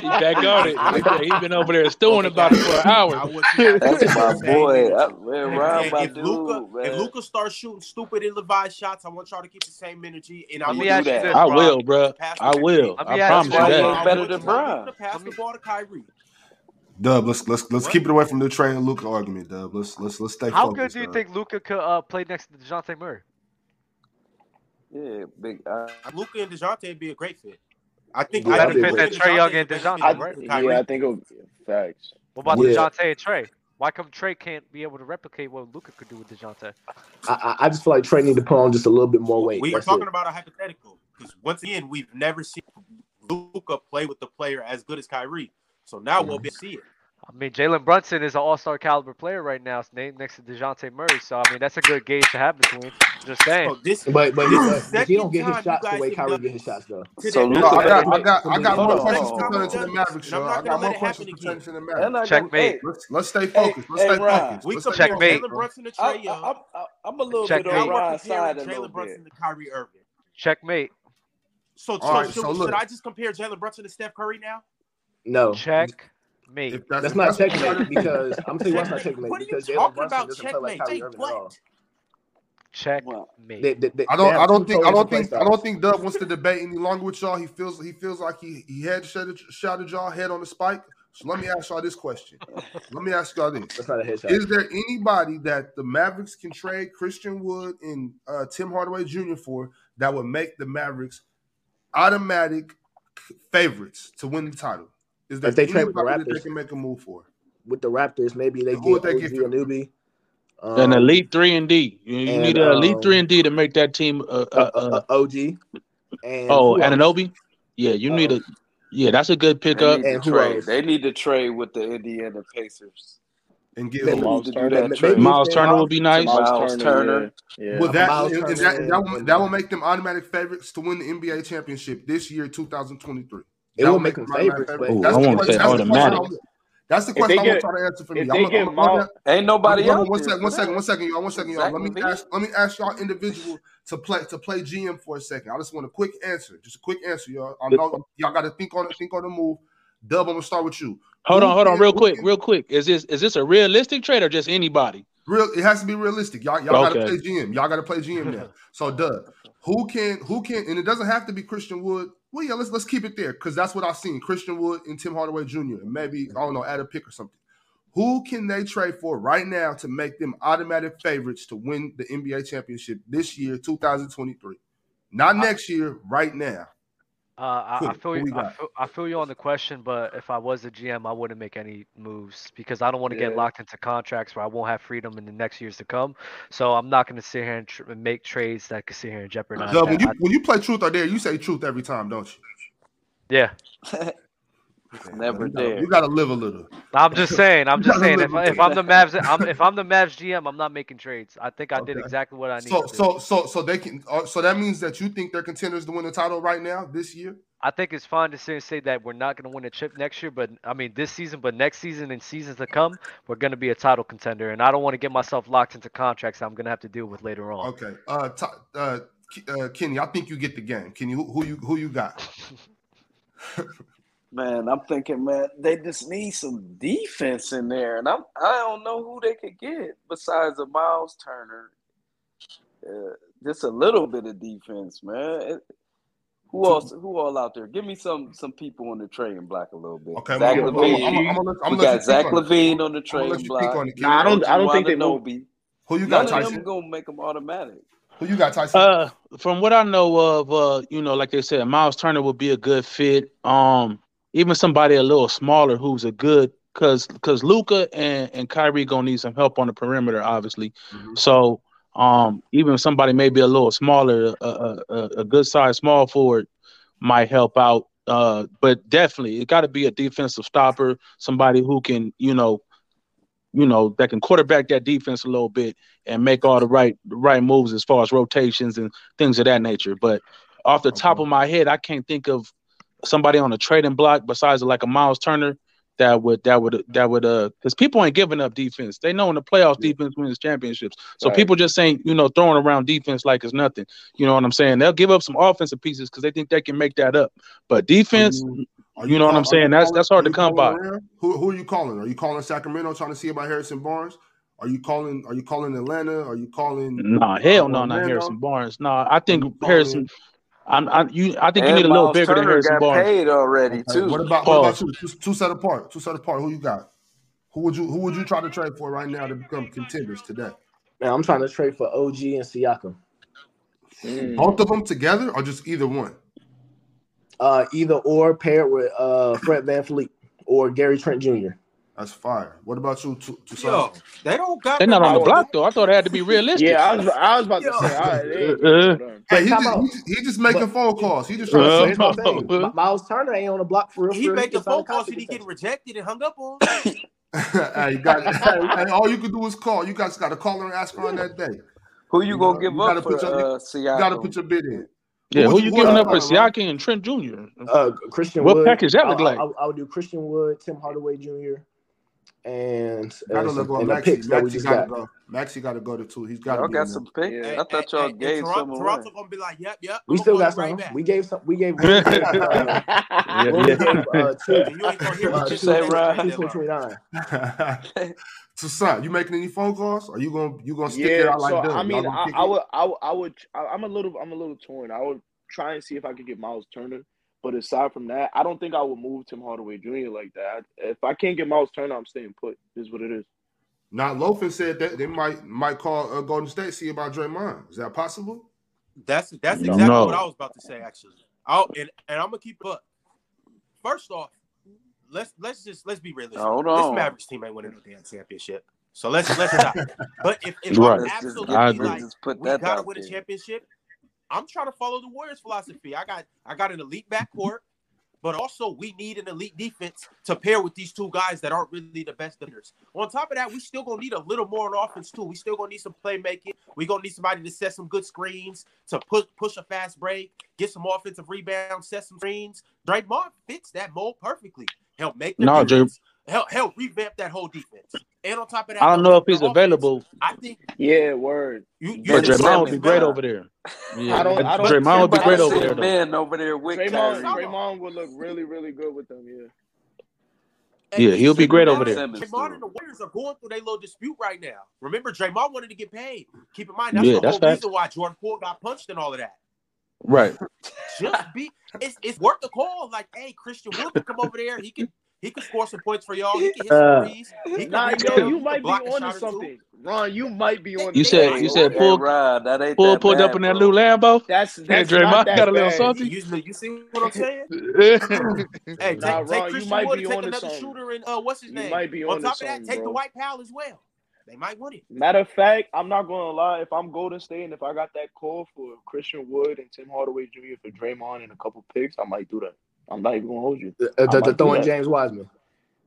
[SPEAKER 4] He back on it. He said He's been over there stewing about it for an
[SPEAKER 2] I
[SPEAKER 4] hour.
[SPEAKER 2] want you guys to
[SPEAKER 3] That's my
[SPEAKER 2] have the same
[SPEAKER 3] boy.
[SPEAKER 2] energy.
[SPEAKER 3] Up there, Ron, my
[SPEAKER 2] if
[SPEAKER 3] dude,
[SPEAKER 2] Luca if
[SPEAKER 3] man.
[SPEAKER 2] Luca starts shooting stupid and Levi shots, I want y'all to keep the same energy. And I
[SPEAKER 1] Let
[SPEAKER 2] want
[SPEAKER 1] me
[SPEAKER 2] you
[SPEAKER 1] ask you
[SPEAKER 2] guys
[SPEAKER 1] this,
[SPEAKER 2] to
[SPEAKER 4] I will,
[SPEAKER 2] pass
[SPEAKER 4] bro.
[SPEAKER 2] the
[SPEAKER 4] I
[SPEAKER 2] ball.
[SPEAKER 4] will.
[SPEAKER 1] Let
[SPEAKER 4] I
[SPEAKER 1] me ask
[SPEAKER 4] promise
[SPEAKER 1] you
[SPEAKER 4] you
[SPEAKER 2] Why
[SPEAKER 1] this.
[SPEAKER 4] that.
[SPEAKER 3] ain't better
[SPEAKER 2] want
[SPEAKER 3] than
[SPEAKER 2] y'all to
[SPEAKER 3] Bron.
[SPEAKER 2] Pass the ball to Kyrie.
[SPEAKER 5] Dub, let's let's let's
[SPEAKER 2] What?
[SPEAKER 5] keep it away from the Trey and Luca argument, Dub. Let's let's let's stay
[SPEAKER 1] How good
[SPEAKER 5] focused.
[SPEAKER 1] do you
[SPEAKER 5] Dub.
[SPEAKER 1] think Luca could uh, play next to Dejounte Murray?
[SPEAKER 3] Yeah, big. Uh,
[SPEAKER 2] Luca and Dejounte would be a great fit. I think
[SPEAKER 7] Yeah,
[SPEAKER 2] I
[SPEAKER 7] better
[SPEAKER 2] think
[SPEAKER 7] fit
[SPEAKER 2] Luka
[SPEAKER 7] than
[SPEAKER 1] Trae Young
[SPEAKER 2] DeJounte
[SPEAKER 1] and
[SPEAKER 2] is a better
[SPEAKER 1] DeJounte,
[SPEAKER 2] fit than
[SPEAKER 1] right?
[SPEAKER 6] open.
[SPEAKER 2] Kyrie.
[SPEAKER 6] Yeah, I think of facts.
[SPEAKER 1] What about
[SPEAKER 7] Yeah.
[SPEAKER 1] Dejounte and Trey? Why come Trey can't be able to replicate what Luca could do with Dejounte?
[SPEAKER 7] I, I I just feel like Trey need to put on just a little bit more weight.
[SPEAKER 2] We are
[SPEAKER 7] That's
[SPEAKER 2] talking
[SPEAKER 7] it.
[SPEAKER 2] about a hypothetical because once again, we've never seen Luca play with the player as good as Kyrie. So now we'll be see it.
[SPEAKER 1] I mean, Jalen Brunson is an All-Star caliber player right now, it's named next to Dejounte Murray. So I mean, that's a good gauge to have between. Just saying.
[SPEAKER 2] So this
[SPEAKER 7] But but,
[SPEAKER 2] This
[SPEAKER 7] but,
[SPEAKER 2] is
[SPEAKER 7] but he don't get his
[SPEAKER 2] second time
[SPEAKER 7] shots
[SPEAKER 2] you
[SPEAKER 7] the
[SPEAKER 2] guys
[SPEAKER 7] way
[SPEAKER 2] have
[SPEAKER 7] Kyrie
[SPEAKER 2] done
[SPEAKER 7] get his
[SPEAKER 2] this.
[SPEAKER 7] shots though.
[SPEAKER 2] to that
[SPEAKER 3] So
[SPEAKER 5] No,
[SPEAKER 3] Luka
[SPEAKER 5] I
[SPEAKER 3] Look,
[SPEAKER 5] got
[SPEAKER 3] hey,
[SPEAKER 5] I got I got
[SPEAKER 3] hold
[SPEAKER 5] more
[SPEAKER 3] on,
[SPEAKER 5] questions
[SPEAKER 3] hold on,
[SPEAKER 5] pertaining to
[SPEAKER 2] hold
[SPEAKER 5] the
[SPEAKER 2] on.
[SPEAKER 5] Mavericks,
[SPEAKER 2] And I'm
[SPEAKER 5] y'all.
[SPEAKER 2] not
[SPEAKER 5] I
[SPEAKER 2] gonna
[SPEAKER 5] got
[SPEAKER 2] let
[SPEAKER 5] more
[SPEAKER 2] it
[SPEAKER 5] questions
[SPEAKER 2] happen
[SPEAKER 5] pertaining
[SPEAKER 2] again.
[SPEAKER 5] to the
[SPEAKER 3] and
[SPEAKER 5] Mavericks.
[SPEAKER 3] I
[SPEAKER 1] Checkmate.
[SPEAKER 3] don't. Hey,
[SPEAKER 5] Let's let's stay
[SPEAKER 3] Hey,
[SPEAKER 5] focused. Let's
[SPEAKER 3] hey,
[SPEAKER 5] stay
[SPEAKER 3] Ron.
[SPEAKER 5] focused.
[SPEAKER 2] We
[SPEAKER 5] Let's stay
[SPEAKER 2] compared
[SPEAKER 1] Checkmate,
[SPEAKER 2] Jalen
[SPEAKER 5] focused.
[SPEAKER 2] Brunson to
[SPEAKER 3] I,
[SPEAKER 2] Trey
[SPEAKER 3] I,
[SPEAKER 2] Young.
[SPEAKER 3] I'm- I, I'm a little
[SPEAKER 1] Checkmate.
[SPEAKER 3] bit
[SPEAKER 2] Now
[SPEAKER 3] on
[SPEAKER 2] we're
[SPEAKER 3] Ron's side
[SPEAKER 2] comparing
[SPEAKER 3] a little
[SPEAKER 2] Jalen
[SPEAKER 3] bit.
[SPEAKER 2] Brunson to Kyrie Irving.
[SPEAKER 1] Checkmate.
[SPEAKER 2] So,
[SPEAKER 5] All
[SPEAKER 2] so,
[SPEAKER 5] right,
[SPEAKER 2] should,
[SPEAKER 5] so look.
[SPEAKER 2] should I just compare Jalen Brunson to Steph Curry now?
[SPEAKER 7] No.
[SPEAKER 1] Checkmate.
[SPEAKER 5] If that's,
[SPEAKER 7] That's
[SPEAKER 5] if
[SPEAKER 7] not
[SPEAKER 5] that's what y'all
[SPEAKER 7] checkmate because I'm gonna tell you why it's not checkmate
[SPEAKER 2] What are you
[SPEAKER 7] because Jalen
[SPEAKER 2] talking
[SPEAKER 7] Brunson
[SPEAKER 2] about?
[SPEAKER 7] doesn't play
[SPEAKER 2] Checkmate.
[SPEAKER 7] like Kyrie
[SPEAKER 2] Jake,
[SPEAKER 7] Irving at all.
[SPEAKER 2] what?
[SPEAKER 3] Well,
[SPEAKER 1] Checkmate. Uh,
[SPEAKER 7] They, they, they,
[SPEAKER 5] I
[SPEAKER 7] they
[SPEAKER 5] don't. I
[SPEAKER 7] have two
[SPEAKER 5] don't think. I
[SPEAKER 7] totally
[SPEAKER 5] don't
[SPEAKER 7] different play
[SPEAKER 5] think. I don't
[SPEAKER 7] styles.
[SPEAKER 5] think Dub wants to debate any longer with y'all. He feels. He feels like he he had shouted, shouted y'all head on the spike. So let me ask y'all this question. Let me ask y'all this:
[SPEAKER 7] That's not a headshot.
[SPEAKER 5] Is there anybody that the Mavericks can trade Christian Wood and uh, Tim Hardaway Jr. for that would make the Mavericks automatic favorites to win the title? Is there
[SPEAKER 7] If they trade
[SPEAKER 5] anybody
[SPEAKER 7] with the
[SPEAKER 5] that they
[SPEAKER 7] Raptors.
[SPEAKER 5] can make a move for?
[SPEAKER 7] With the Raptors, maybe they
[SPEAKER 5] Who would
[SPEAKER 7] get
[SPEAKER 5] they
[SPEAKER 7] OG
[SPEAKER 5] get for-
[SPEAKER 7] Anunoby. Um,
[SPEAKER 4] An elite three and D. You, you
[SPEAKER 7] and,
[SPEAKER 4] need an elite
[SPEAKER 7] um,
[SPEAKER 4] three and D to make that team. Uh,
[SPEAKER 7] uh,
[SPEAKER 4] uh,
[SPEAKER 7] uh,
[SPEAKER 4] uh,
[SPEAKER 7] uh, OG. And
[SPEAKER 4] oh,
[SPEAKER 7] who else?
[SPEAKER 4] Ananobi. Yeah, you need
[SPEAKER 7] Uh,
[SPEAKER 4] a. Yeah, that's a good
[SPEAKER 3] they
[SPEAKER 4] pickup.
[SPEAKER 3] need to
[SPEAKER 7] And who
[SPEAKER 3] trade.
[SPEAKER 7] else?
[SPEAKER 3] They need to trade with the Indiana Pacers.
[SPEAKER 5] and get
[SPEAKER 7] Maybe-
[SPEAKER 5] who?
[SPEAKER 3] Need
[SPEAKER 6] Miles
[SPEAKER 3] to do
[SPEAKER 6] Turner.
[SPEAKER 3] that
[SPEAKER 7] Ma- ma- Maybe
[SPEAKER 3] trade.
[SPEAKER 7] if
[SPEAKER 4] Miles
[SPEAKER 7] they
[SPEAKER 4] Turner
[SPEAKER 7] lock,
[SPEAKER 4] would be nice.
[SPEAKER 6] Miles
[SPEAKER 3] Miles Turner.
[SPEAKER 6] Turner. Yeah.
[SPEAKER 5] Would
[SPEAKER 6] yeah.
[SPEAKER 5] that
[SPEAKER 7] Miles
[SPEAKER 5] is
[SPEAKER 7] Turner
[SPEAKER 5] is that that
[SPEAKER 7] and-
[SPEAKER 5] will,
[SPEAKER 7] and-
[SPEAKER 5] that will make them automatic favorites to win the NBA championship this year, 2023?
[SPEAKER 7] it
[SPEAKER 5] That
[SPEAKER 7] will
[SPEAKER 5] will
[SPEAKER 7] make
[SPEAKER 5] make
[SPEAKER 7] them
[SPEAKER 5] them automatic
[SPEAKER 7] favorites, but
[SPEAKER 5] favorites.
[SPEAKER 4] Oh,
[SPEAKER 5] That's
[SPEAKER 4] I
[SPEAKER 5] the
[SPEAKER 4] want to
[SPEAKER 5] question.
[SPEAKER 4] say
[SPEAKER 5] That's the question I
[SPEAKER 4] automatic.
[SPEAKER 5] want. That's the
[SPEAKER 6] If they
[SPEAKER 5] question I want
[SPEAKER 6] get
[SPEAKER 5] y'all to answer for
[SPEAKER 6] if
[SPEAKER 5] me.
[SPEAKER 6] they
[SPEAKER 5] I'm
[SPEAKER 6] get
[SPEAKER 5] gonna I'm
[SPEAKER 6] Miles
[SPEAKER 5] gonna
[SPEAKER 3] Ain't nobody
[SPEAKER 5] one,
[SPEAKER 3] out
[SPEAKER 5] one
[SPEAKER 3] there
[SPEAKER 5] second,
[SPEAKER 3] for
[SPEAKER 5] one second,
[SPEAKER 3] that.
[SPEAKER 5] one second, y'all, one second, y'all.
[SPEAKER 3] Zach
[SPEAKER 5] Let me
[SPEAKER 3] Levine.
[SPEAKER 5] ask, let me ask y'all individual to play to play GM for a second. I just want a quick answer, just a quick answer, y'all. I know y'all got to think on it, think on the move. Dub, I'm gonna start with you.
[SPEAKER 4] Hold
[SPEAKER 5] Who
[SPEAKER 4] on, hold on,
[SPEAKER 5] can-
[SPEAKER 4] real
[SPEAKER 5] who
[SPEAKER 4] quick,
[SPEAKER 5] can-
[SPEAKER 4] real quick. Is this is this a realistic trade or just anybody?
[SPEAKER 5] Real, it has to be realistic. Y'all, y'all gotta
[SPEAKER 4] Okay.
[SPEAKER 5] play GM. Y'all gotta play GM now. So, Doug, who can, who can, and it doesn't have to be Christian Wood. Well, yeah, let's let's keep it there because that's what I've seen: Christian Wood and Tim Hardaway Jr. and maybe I don't know, add a pick or something. Who can they trade for right now to make them automatic favorites to win the NBA championship this year, 2023? Not
[SPEAKER 1] I-
[SPEAKER 5] next year, right now.
[SPEAKER 1] Uh, I, I
[SPEAKER 5] Quick,
[SPEAKER 1] feel
[SPEAKER 5] who
[SPEAKER 1] you.
[SPEAKER 5] we
[SPEAKER 1] I
[SPEAKER 5] got?
[SPEAKER 1] feel, I feel you on the question, but if I was the GM, I wouldn't make any moves because I don't want to
[SPEAKER 3] Yeah.
[SPEAKER 1] get locked into contracts where I won't have freedom in the next years to come. So I'm not going to sit here and tr- and make trades that could sit here and jeopardize
[SPEAKER 5] Doug,
[SPEAKER 1] that.
[SPEAKER 5] when you
[SPEAKER 1] I,
[SPEAKER 5] when you play truth or dare, you say truth every time, don't you?
[SPEAKER 1] yeah,
[SPEAKER 3] Never
[SPEAKER 5] you gotta,
[SPEAKER 3] dare.
[SPEAKER 5] You gotta live a little.
[SPEAKER 1] I'm just saying. I'm
[SPEAKER 5] You
[SPEAKER 1] just
[SPEAKER 5] gotta
[SPEAKER 1] saying.
[SPEAKER 5] live
[SPEAKER 1] If, I-
[SPEAKER 5] with
[SPEAKER 1] if I'm the Mavs, I'm, if I'm the Mavs GM, I'm not making trades. I think I did
[SPEAKER 5] Okay.
[SPEAKER 1] exactly what I needed.
[SPEAKER 5] So
[SPEAKER 1] to.
[SPEAKER 5] so so so they can. Uh, so that means that you think they're contenders to win the title right now this year.
[SPEAKER 1] I think it's fine to sit and say that we're not going to win a chip next year, but I mean this season, but next season and seasons to come, we're going to be a title contender, and I don't want to get myself locked into contracts I'm going to have to deal with later on.
[SPEAKER 5] Okay. Uh, t- uh, K- uh, Kenny, I think you get the game. Kenny, who, who you who you got?
[SPEAKER 3] Man, I'm thinking, man, they just need some defense in there, and I'm I don't know who they could get besides a Miles Turner. Uh, just a little bit of defense, man. It- who else? Who all out there? Give me some some people on the trading block a little bit.
[SPEAKER 5] Okay,
[SPEAKER 3] Zach
[SPEAKER 5] I'm gonna- I'm
[SPEAKER 3] Levine.
[SPEAKER 5] gonna- I'm gonna let- I'm gonna
[SPEAKER 3] we
[SPEAKER 5] let you
[SPEAKER 3] got
[SPEAKER 5] speak
[SPEAKER 3] Zach
[SPEAKER 5] on it.
[SPEAKER 3] Levine on
[SPEAKER 5] I'm
[SPEAKER 3] the
[SPEAKER 5] gonna let
[SPEAKER 3] trading
[SPEAKER 5] you speak on
[SPEAKER 3] block.
[SPEAKER 5] it, Kenny.
[SPEAKER 6] Nah, I don't. I don't think they move.
[SPEAKER 3] Nobi.
[SPEAKER 5] Who you got,
[SPEAKER 3] None of them
[SPEAKER 5] Tyson?
[SPEAKER 3] gonna make them automatic.
[SPEAKER 5] Who you got, Tyson?
[SPEAKER 4] Uh, from what I know of, uh, you know, like they said, Miles Turner would be a good fit. Um, even somebody a little smaller who's a good because because Luca and and Kyrie gonna need some help on the perimeter, obviously.
[SPEAKER 5] Mhm.
[SPEAKER 4] So, um, even somebody maybe a little smaller, a a, a, a good size small forward might help out. Uh, but definitely it got to be a defensive stopper, somebody who can, you know, you know that can quarterback that defense a little bit and make all the right the right moves as far as rotations and things of that nature. But off the top
[SPEAKER 5] Okay.
[SPEAKER 4] of my head, I can't think of somebody on a trading block besides like a Miles Turner that would that would that would uh because people ain't giving up defense. They know in the playoffs
[SPEAKER 5] Yeah.
[SPEAKER 4] defense wins championships. So
[SPEAKER 3] Right.
[SPEAKER 4] people just ain't you know throwing around defense like it's nothing. You know what I'm saying? They'll give up some offensive pieces because they think they can make that up. But defense,
[SPEAKER 5] Are
[SPEAKER 4] you,
[SPEAKER 5] Are
[SPEAKER 4] know what I'm
[SPEAKER 5] call- are
[SPEAKER 4] saying? That's
[SPEAKER 5] calling-
[SPEAKER 4] that's
[SPEAKER 5] are
[SPEAKER 4] hard to
[SPEAKER 5] you
[SPEAKER 4] come by.
[SPEAKER 5] calling around? Who who are you calling? Are you calling Sacramento trying to see about Harrison Barnes? Are you calling? Are you calling Atlanta? Are you calling?
[SPEAKER 4] Nah,
[SPEAKER 5] uh,
[SPEAKER 4] hell no, not
[SPEAKER 5] Orlando?
[SPEAKER 4] Harrison Barnes. Nah, I
[SPEAKER 5] Are you
[SPEAKER 4] think
[SPEAKER 5] calling-
[SPEAKER 4] Harrison. I'm, I you. I think you
[SPEAKER 3] and
[SPEAKER 4] need a little
[SPEAKER 3] Miles
[SPEAKER 4] bigger than
[SPEAKER 3] Turner
[SPEAKER 4] Harrison
[SPEAKER 3] got
[SPEAKER 4] Barnes.
[SPEAKER 3] paid already
[SPEAKER 5] Okay.
[SPEAKER 3] too.
[SPEAKER 5] What about what about
[SPEAKER 4] Pause.
[SPEAKER 5] you? Two, two set apart. Two set apart. Who you got? Who would you who would you try to trade for right now to become contenders today?
[SPEAKER 7] Man, I'm trying to trade for OG and Siakam.
[SPEAKER 6] Mm.
[SPEAKER 5] Both of them together or just either one?
[SPEAKER 7] Uh, either or paired with uh Fred Van Fleet or Gary Trent Jr.
[SPEAKER 5] That's fire. What about you? Two, two
[SPEAKER 2] Yo, they don't got
[SPEAKER 4] They're not on
[SPEAKER 6] I
[SPEAKER 4] the
[SPEAKER 6] would-
[SPEAKER 4] block though. I thought it had to be realistic.
[SPEAKER 6] Yeah, I was. I was about to
[SPEAKER 2] Yo.
[SPEAKER 6] say. I, they ain't
[SPEAKER 4] Uh,
[SPEAKER 6] giving it
[SPEAKER 4] uh.
[SPEAKER 6] to them.
[SPEAKER 5] Hey,
[SPEAKER 7] But
[SPEAKER 5] he
[SPEAKER 7] time
[SPEAKER 5] just,
[SPEAKER 7] out.
[SPEAKER 5] he, just- he just making
[SPEAKER 7] But-
[SPEAKER 5] phone calls. He just trying to
[SPEAKER 7] But
[SPEAKER 5] sell
[SPEAKER 4] Uh,
[SPEAKER 7] here's my
[SPEAKER 5] tickets.
[SPEAKER 7] thing: M- Miles Turner ain't on the block for
[SPEAKER 2] He
[SPEAKER 7] for him to
[SPEAKER 2] made the
[SPEAKER 7] get signed a
[SPEAKER 2] phone calls
[SPEAKER 7] contract
[SPEAKER 2] and he getting
[SPEAKER 7] extension.
[SPEAKER 2] rejected and hung up on.
[SPEAKER 5] hey, you got hey, all you can do is call. You guys got to call her and ask her on that day.
[SPEAKER 3] Who you
[SPEAKER 5] You
[SPEAKER 3] gonna
[SPEAKER 5] know,
[SPEAKER 3] give
[SPEAKER 5] you got
[SPEAKER 3] up
[SPEAKER 5] to
[SPEAKER 3] for
[SPEAKER 5] put your you
[SPEAKER 3] uh,
[SPEAKER 5] got to
[SPEAKER 3] Siakam?
[SPEAKER 5] put your bid in. Who
[SPEAKER 4] yeah,
[SPEAKER 5] would
[SPEAKER 4] who
[SPEAKER 5] you
[SPEAKER 4] you
[SPEAKER 5] who else
[SPEAKER 4] giving
[SPEAKER 5] you
[SPEAKER 4] up for
[SPEAKER 5] calling, Ron?
[SPEAKER 4] Siaki and Trent Jr.?
[SPEAKER 7] Uh, Christian
[SPEAKER 4] What
[SPEAKER 7] Wood.
[SPEAKER 4] package that
[SPEAKER 7] I,
[SPEAKER 4] look
[SPEAKER 7] I,
[SPEAKER 4] like?
[SPEAKER 7] I, I would do Christian Wood, Tim Hardaway Jr. and
[SPEAKER 5] Got
[SPEAKER 7] and
[SPEAKER 5] to let
[SPEAKER 7] some
[SPEAKER 5] go. of
[SPEAKER 7] and the
[SPEAKER 5] Maxi.
[SPEAKER 7] picks that we
[SPEAKER 5] Maxi
[SPEAKER 7] just
[SPEAKER 5] got to
[SPEAKER 7] got.
[SPEAKER 5] go. Maxi got to go to two. He's got to
[SPEAKER 3] Y'all
[SPEAKER 5] be in
[SPEAKER 3] got
[SPEAKER 5] there.
[SPEAKER 3] some picks.
[SPEAKER 6] Yeah.
[SPEAKER 2] And,
[SPEAKER 3] I thought y'all
[SPEAKER 2] and, and
[SPEAKER 3] gave some
[SPEAKER 2] Toronto,
[SPEAKER 3] away.
[SPEAKER 2] Toronto gonna be like, yep, yep, I'm
[SPEAKER 7] We
[SPEAKER 2] gonna
[SPEAKER 7] still
[SPEAKER 2] call
[SPEAKER 7] got
[SPEAKER 2] you right
[SPEAKER 7] some.
[SPEAKER 2] back,
[SPEAKER 7] We gave some. We gave. We gave.
[SPEAKER 4] yeah,
[SPEAKER 7] Uh, what we
[SPEAKER 4] yeah.
[SPEAKER 7] gave? Uh, two.
[SPEAKER 2] and you ain't gonna hear from
[SPEAKER 3] What
[SPEAKER 7] Uh,
[SPEAKER 3] you
[SPEAKER 2] this
[SPEAKER 7] two.
[SPEAKER 3] say,
[SPEAKER 2] till next
[SPEAKER 7] Two.
[SPEAKER 2] trade
[SPEAKER 7] Two.
[SPEAKER 3] Rod?
[SPEAKER 7] For
[SPEAKER 2] deadline.
[SPEAKER 7] twenty nine.
[SPEAKER 5] so, son, you making any phone calls? Are you gonna you gonna stick it
[SPEAKER 6] Yeah.
[SPEAKER 5] out
[SPEAKER 6] So
[SPEAKER 5] like
[SPEAKER 6] I
[SPEAKER 5] them? Y'all
[SPEAKER 6] mean,
[SPEAKER 5] gonna
[SPEAKER 6] I,
[SPEAKER 5] kick
[SPEAKER 6] I
[SPEAKER 5] it?
[SPEAKER 6] would. I, would- I would. I, I'm a little. I'm a little torn. I would try and see if I could get Miles Turner. But aside from that, I don't think I would move Tim Hardaway Jr. like that. If I can't get Miles Turner, I'm staying put. Is what it is.
[SPEAKER 5] Now, Lofen said that they might might call uh, Golden State see about Draymond. Is that possible?
[SPEAKER 2] That's that's
[SPEAKER 4] No.
[SPEAKER 2] exactly what I
[SPEAKER 4] No.
[SPEAKER 2] was about to say. Actually, I'll, and and I'm gonna keep up. First off, let's let's just let's be realistic.
[SPEAKER 3] Hold
[SPEAKER 2] This
[SPEAKER 3] on.
[SPEAKER 2] Mavericks team ain't winning no damn championship. So let's let's stop. But if, if I'm
[SPEAKER 4] Right.
[SPEAKER 3] Let's just get
[SPEAKER 4] I
[SPEAKER 2] absolutely
[SPEAKER 4] agree.
[SPEAKER 3] let's
[SPEAKER 2] like
[SPEAKER 3] just put
[SPEAKER 2] we
[SPEAKER 3] that
[SPEAKER 2] gotta
[SPEAKER 3] out
[SPEAKER 2] win a
[SPEAKER 3] there.
[SPEAKER 2] championship, I'm trying to follow the Warriors philosophy. I got I got an elite backcourt, but also we need an elite defense to pair with these two guys that aren't really the best defenders. On top of that, we still gonna need a little more on offense too. We still gonna need some playmaking. We gonna need somebody to set some good screens, to push push a fast break, get some offensive rebounds, set some screens. Draymond fits that mold perfectly. He'll make the
[SPEAKER 4] No, Jay.
[SPEAKER 2] defense. He'll, he'll revamp that whole defense. And on top of that,
[SPEAKER 4] I don't
[SPEAKER 2] he'll
[SPEAKER 4] know if
[SPEAKER 2] help the
[SPEAKER 4] he's
[SPEAKER 2] offense.
[SPEAKER 4] available,
[SPEAKER 2] I think
[SPEAKER 6] Yeah. Word.
[SPEAKER 2] you you
[SPEAKER 4] but
[SPEAKER 3] Ben
[SPEAKER 2] said
[SPEAKER 4] Draymond
[SPEAKER 3] Simmons,
[SPEAKER 4] would be
[SPEAKER 2] Draymond's
[SPEAKER 4] great
[SPEAKER 2] better.
[SPEAKER 3] man.
[SPEAKER 4] over there. Yeah,
[SPEAKER 6] I don't.
[SPEAKER 4] that-
[SPEAKER 6] I
[SPEAKER 2] But
[SPEAKER 4] Draymond
[SPEAKER 6] don't.
[SPEAKER 3] You
[SPEAKER 4] would be
[SPEAKER 3] about
[SPEAKER 4] great
[SPEAKER 3] to
[SPEAKER 4] over
[SPEAKER 3] see
[SPEAKER 4] there
[SPEAKER 3] a
[SPEAKER 4] though.
[SPEAKER 3] man over there with
[SPEAKER 6] Draymond.
[SPEAKER 3] Kyrie.
[SPEAKER 2] Hold on.
[SPEAKER 6] Draymond would look really, really good with them. Yeah.
[SPEAKER 2] And
[SPEAKER 4] Yeah, he'll be
[SPEAKER 2] even
[SPEAKER 4] great
[SPEAKER 2] through
[SPEAKER 4] over
[SPEAKER 2] that,
[SPEAKER 4] there.
[SPEAKER 3] Simmons
[SPEAKER 2] Draymond
[SPEAKER 3] too.
[SPEAKER 2] and the Warriors are going through their little dispute right now. Remember, Draymond wanted to get paid. Keep in mind, that's
[SPEAKER 4] Yeah,
[SPEAKER 2] the
[SPEAKER 4] that's
[SPEAKER 2] whole
[SPEAKER 4] facts.
[SPEAKER 2] reason why Jordan Poole got punched and all of that.
[SPEAKER 4] Right.
[SPEAKER 2] Just be it's it's worth the call. Like, hey, Christian Wood can come over there. He can he can score some points for y'all. He can hit some
[SPEAKER 7] Uh,
[SPEAKER 2] threes. He can
[SPEAKER 6] Nah, yo,
[SPEAKER 2] rebound.
[SPEAKER 6] you
[SPEAKER 2] He can
[SPEAKER 6] might be
[SPEAKER 2] block a
[SPEAKER 6] onto
[SPEAKER 2] shot or two.
[SPEAKER 6] something, Ron. You might be
[SPEAKER 2] They,
[SPEAKER 6] onto
[SPEAKER 4] You
[SPEAKER 2] they
[SPEAKER 4] said
[SPEAKER 2] got
[SPEAKER 4] you
[SPEAKER 2] Jordan.
[SPEAKER 4] said
[SPEAKER 6] something.
[SPEAKER 3] Hey
[SPEAKER 4] pull
[SPEAKER 3] Rod, that ain't
[SPEAKER 4] pull
[SPEAKER 3] that
[SPEAKER 4] pulled up in
[SPEAKER 3] bad,
[SPEAKER 4] that new
[SPEAKER 3] bro.
[SPEAKER 4] Lambo,
[SPEAKER 6] That's
[SPEAKER 4] and
[SPEAKER 6] that's not
[SPEAKER 4] Draymond got a
[SPEAKER 6] that
[SPEAKER 4] little
[SPEAKER 6] bad.
[SPEAKER 4] salty.
[SPEAKER 2] You, you see what I'm saying? Hey,
[SPEAKER 6] Nah,
[SPEAKER 2] take take
[SPEAKER 6] Ron, you
[SPEAKER 2] Christian
[SPEAKER 6] might
[SPEAKER 2] Wood and
[SPEAKER 6] be
[SPEAKER 2] take
[SPEAKER 6] onto
[SPEAKER 2] another
[SPEAKER 6] something.
[SPEAKER 2] shooter and uh what's his
[SPEAKER 6] You
[SPEAKER 2] name?
[SPEAKER 6] might be
[SPEAKER 2] On
[SPEAKER 6] onto
[SPEAKER 2] top of that,
[SPEAKER 6] something,
[SPEAKER 2] take the
[SPEAKER 6] bro.
[SPEAKER 2] White Powell as well. They might win it.
[SPEAKER 6] Matter of fact, I'm not gonna lie. If I'm Golden State and if I got that call for Christian Wood and Tim Hardaway Jr. for Draymond and a couple picks, I might do that. I'm not even gonna hold you.
[SPEAKER 7] Uh, uh,
[SPEAKER 6] I
[SPEAKER 7] the, the
[SPEAKER 6] might do
[SPEAKER 7] throwing
[SPEAKER 6] that.
[SPEAKER 7] James Wiseman.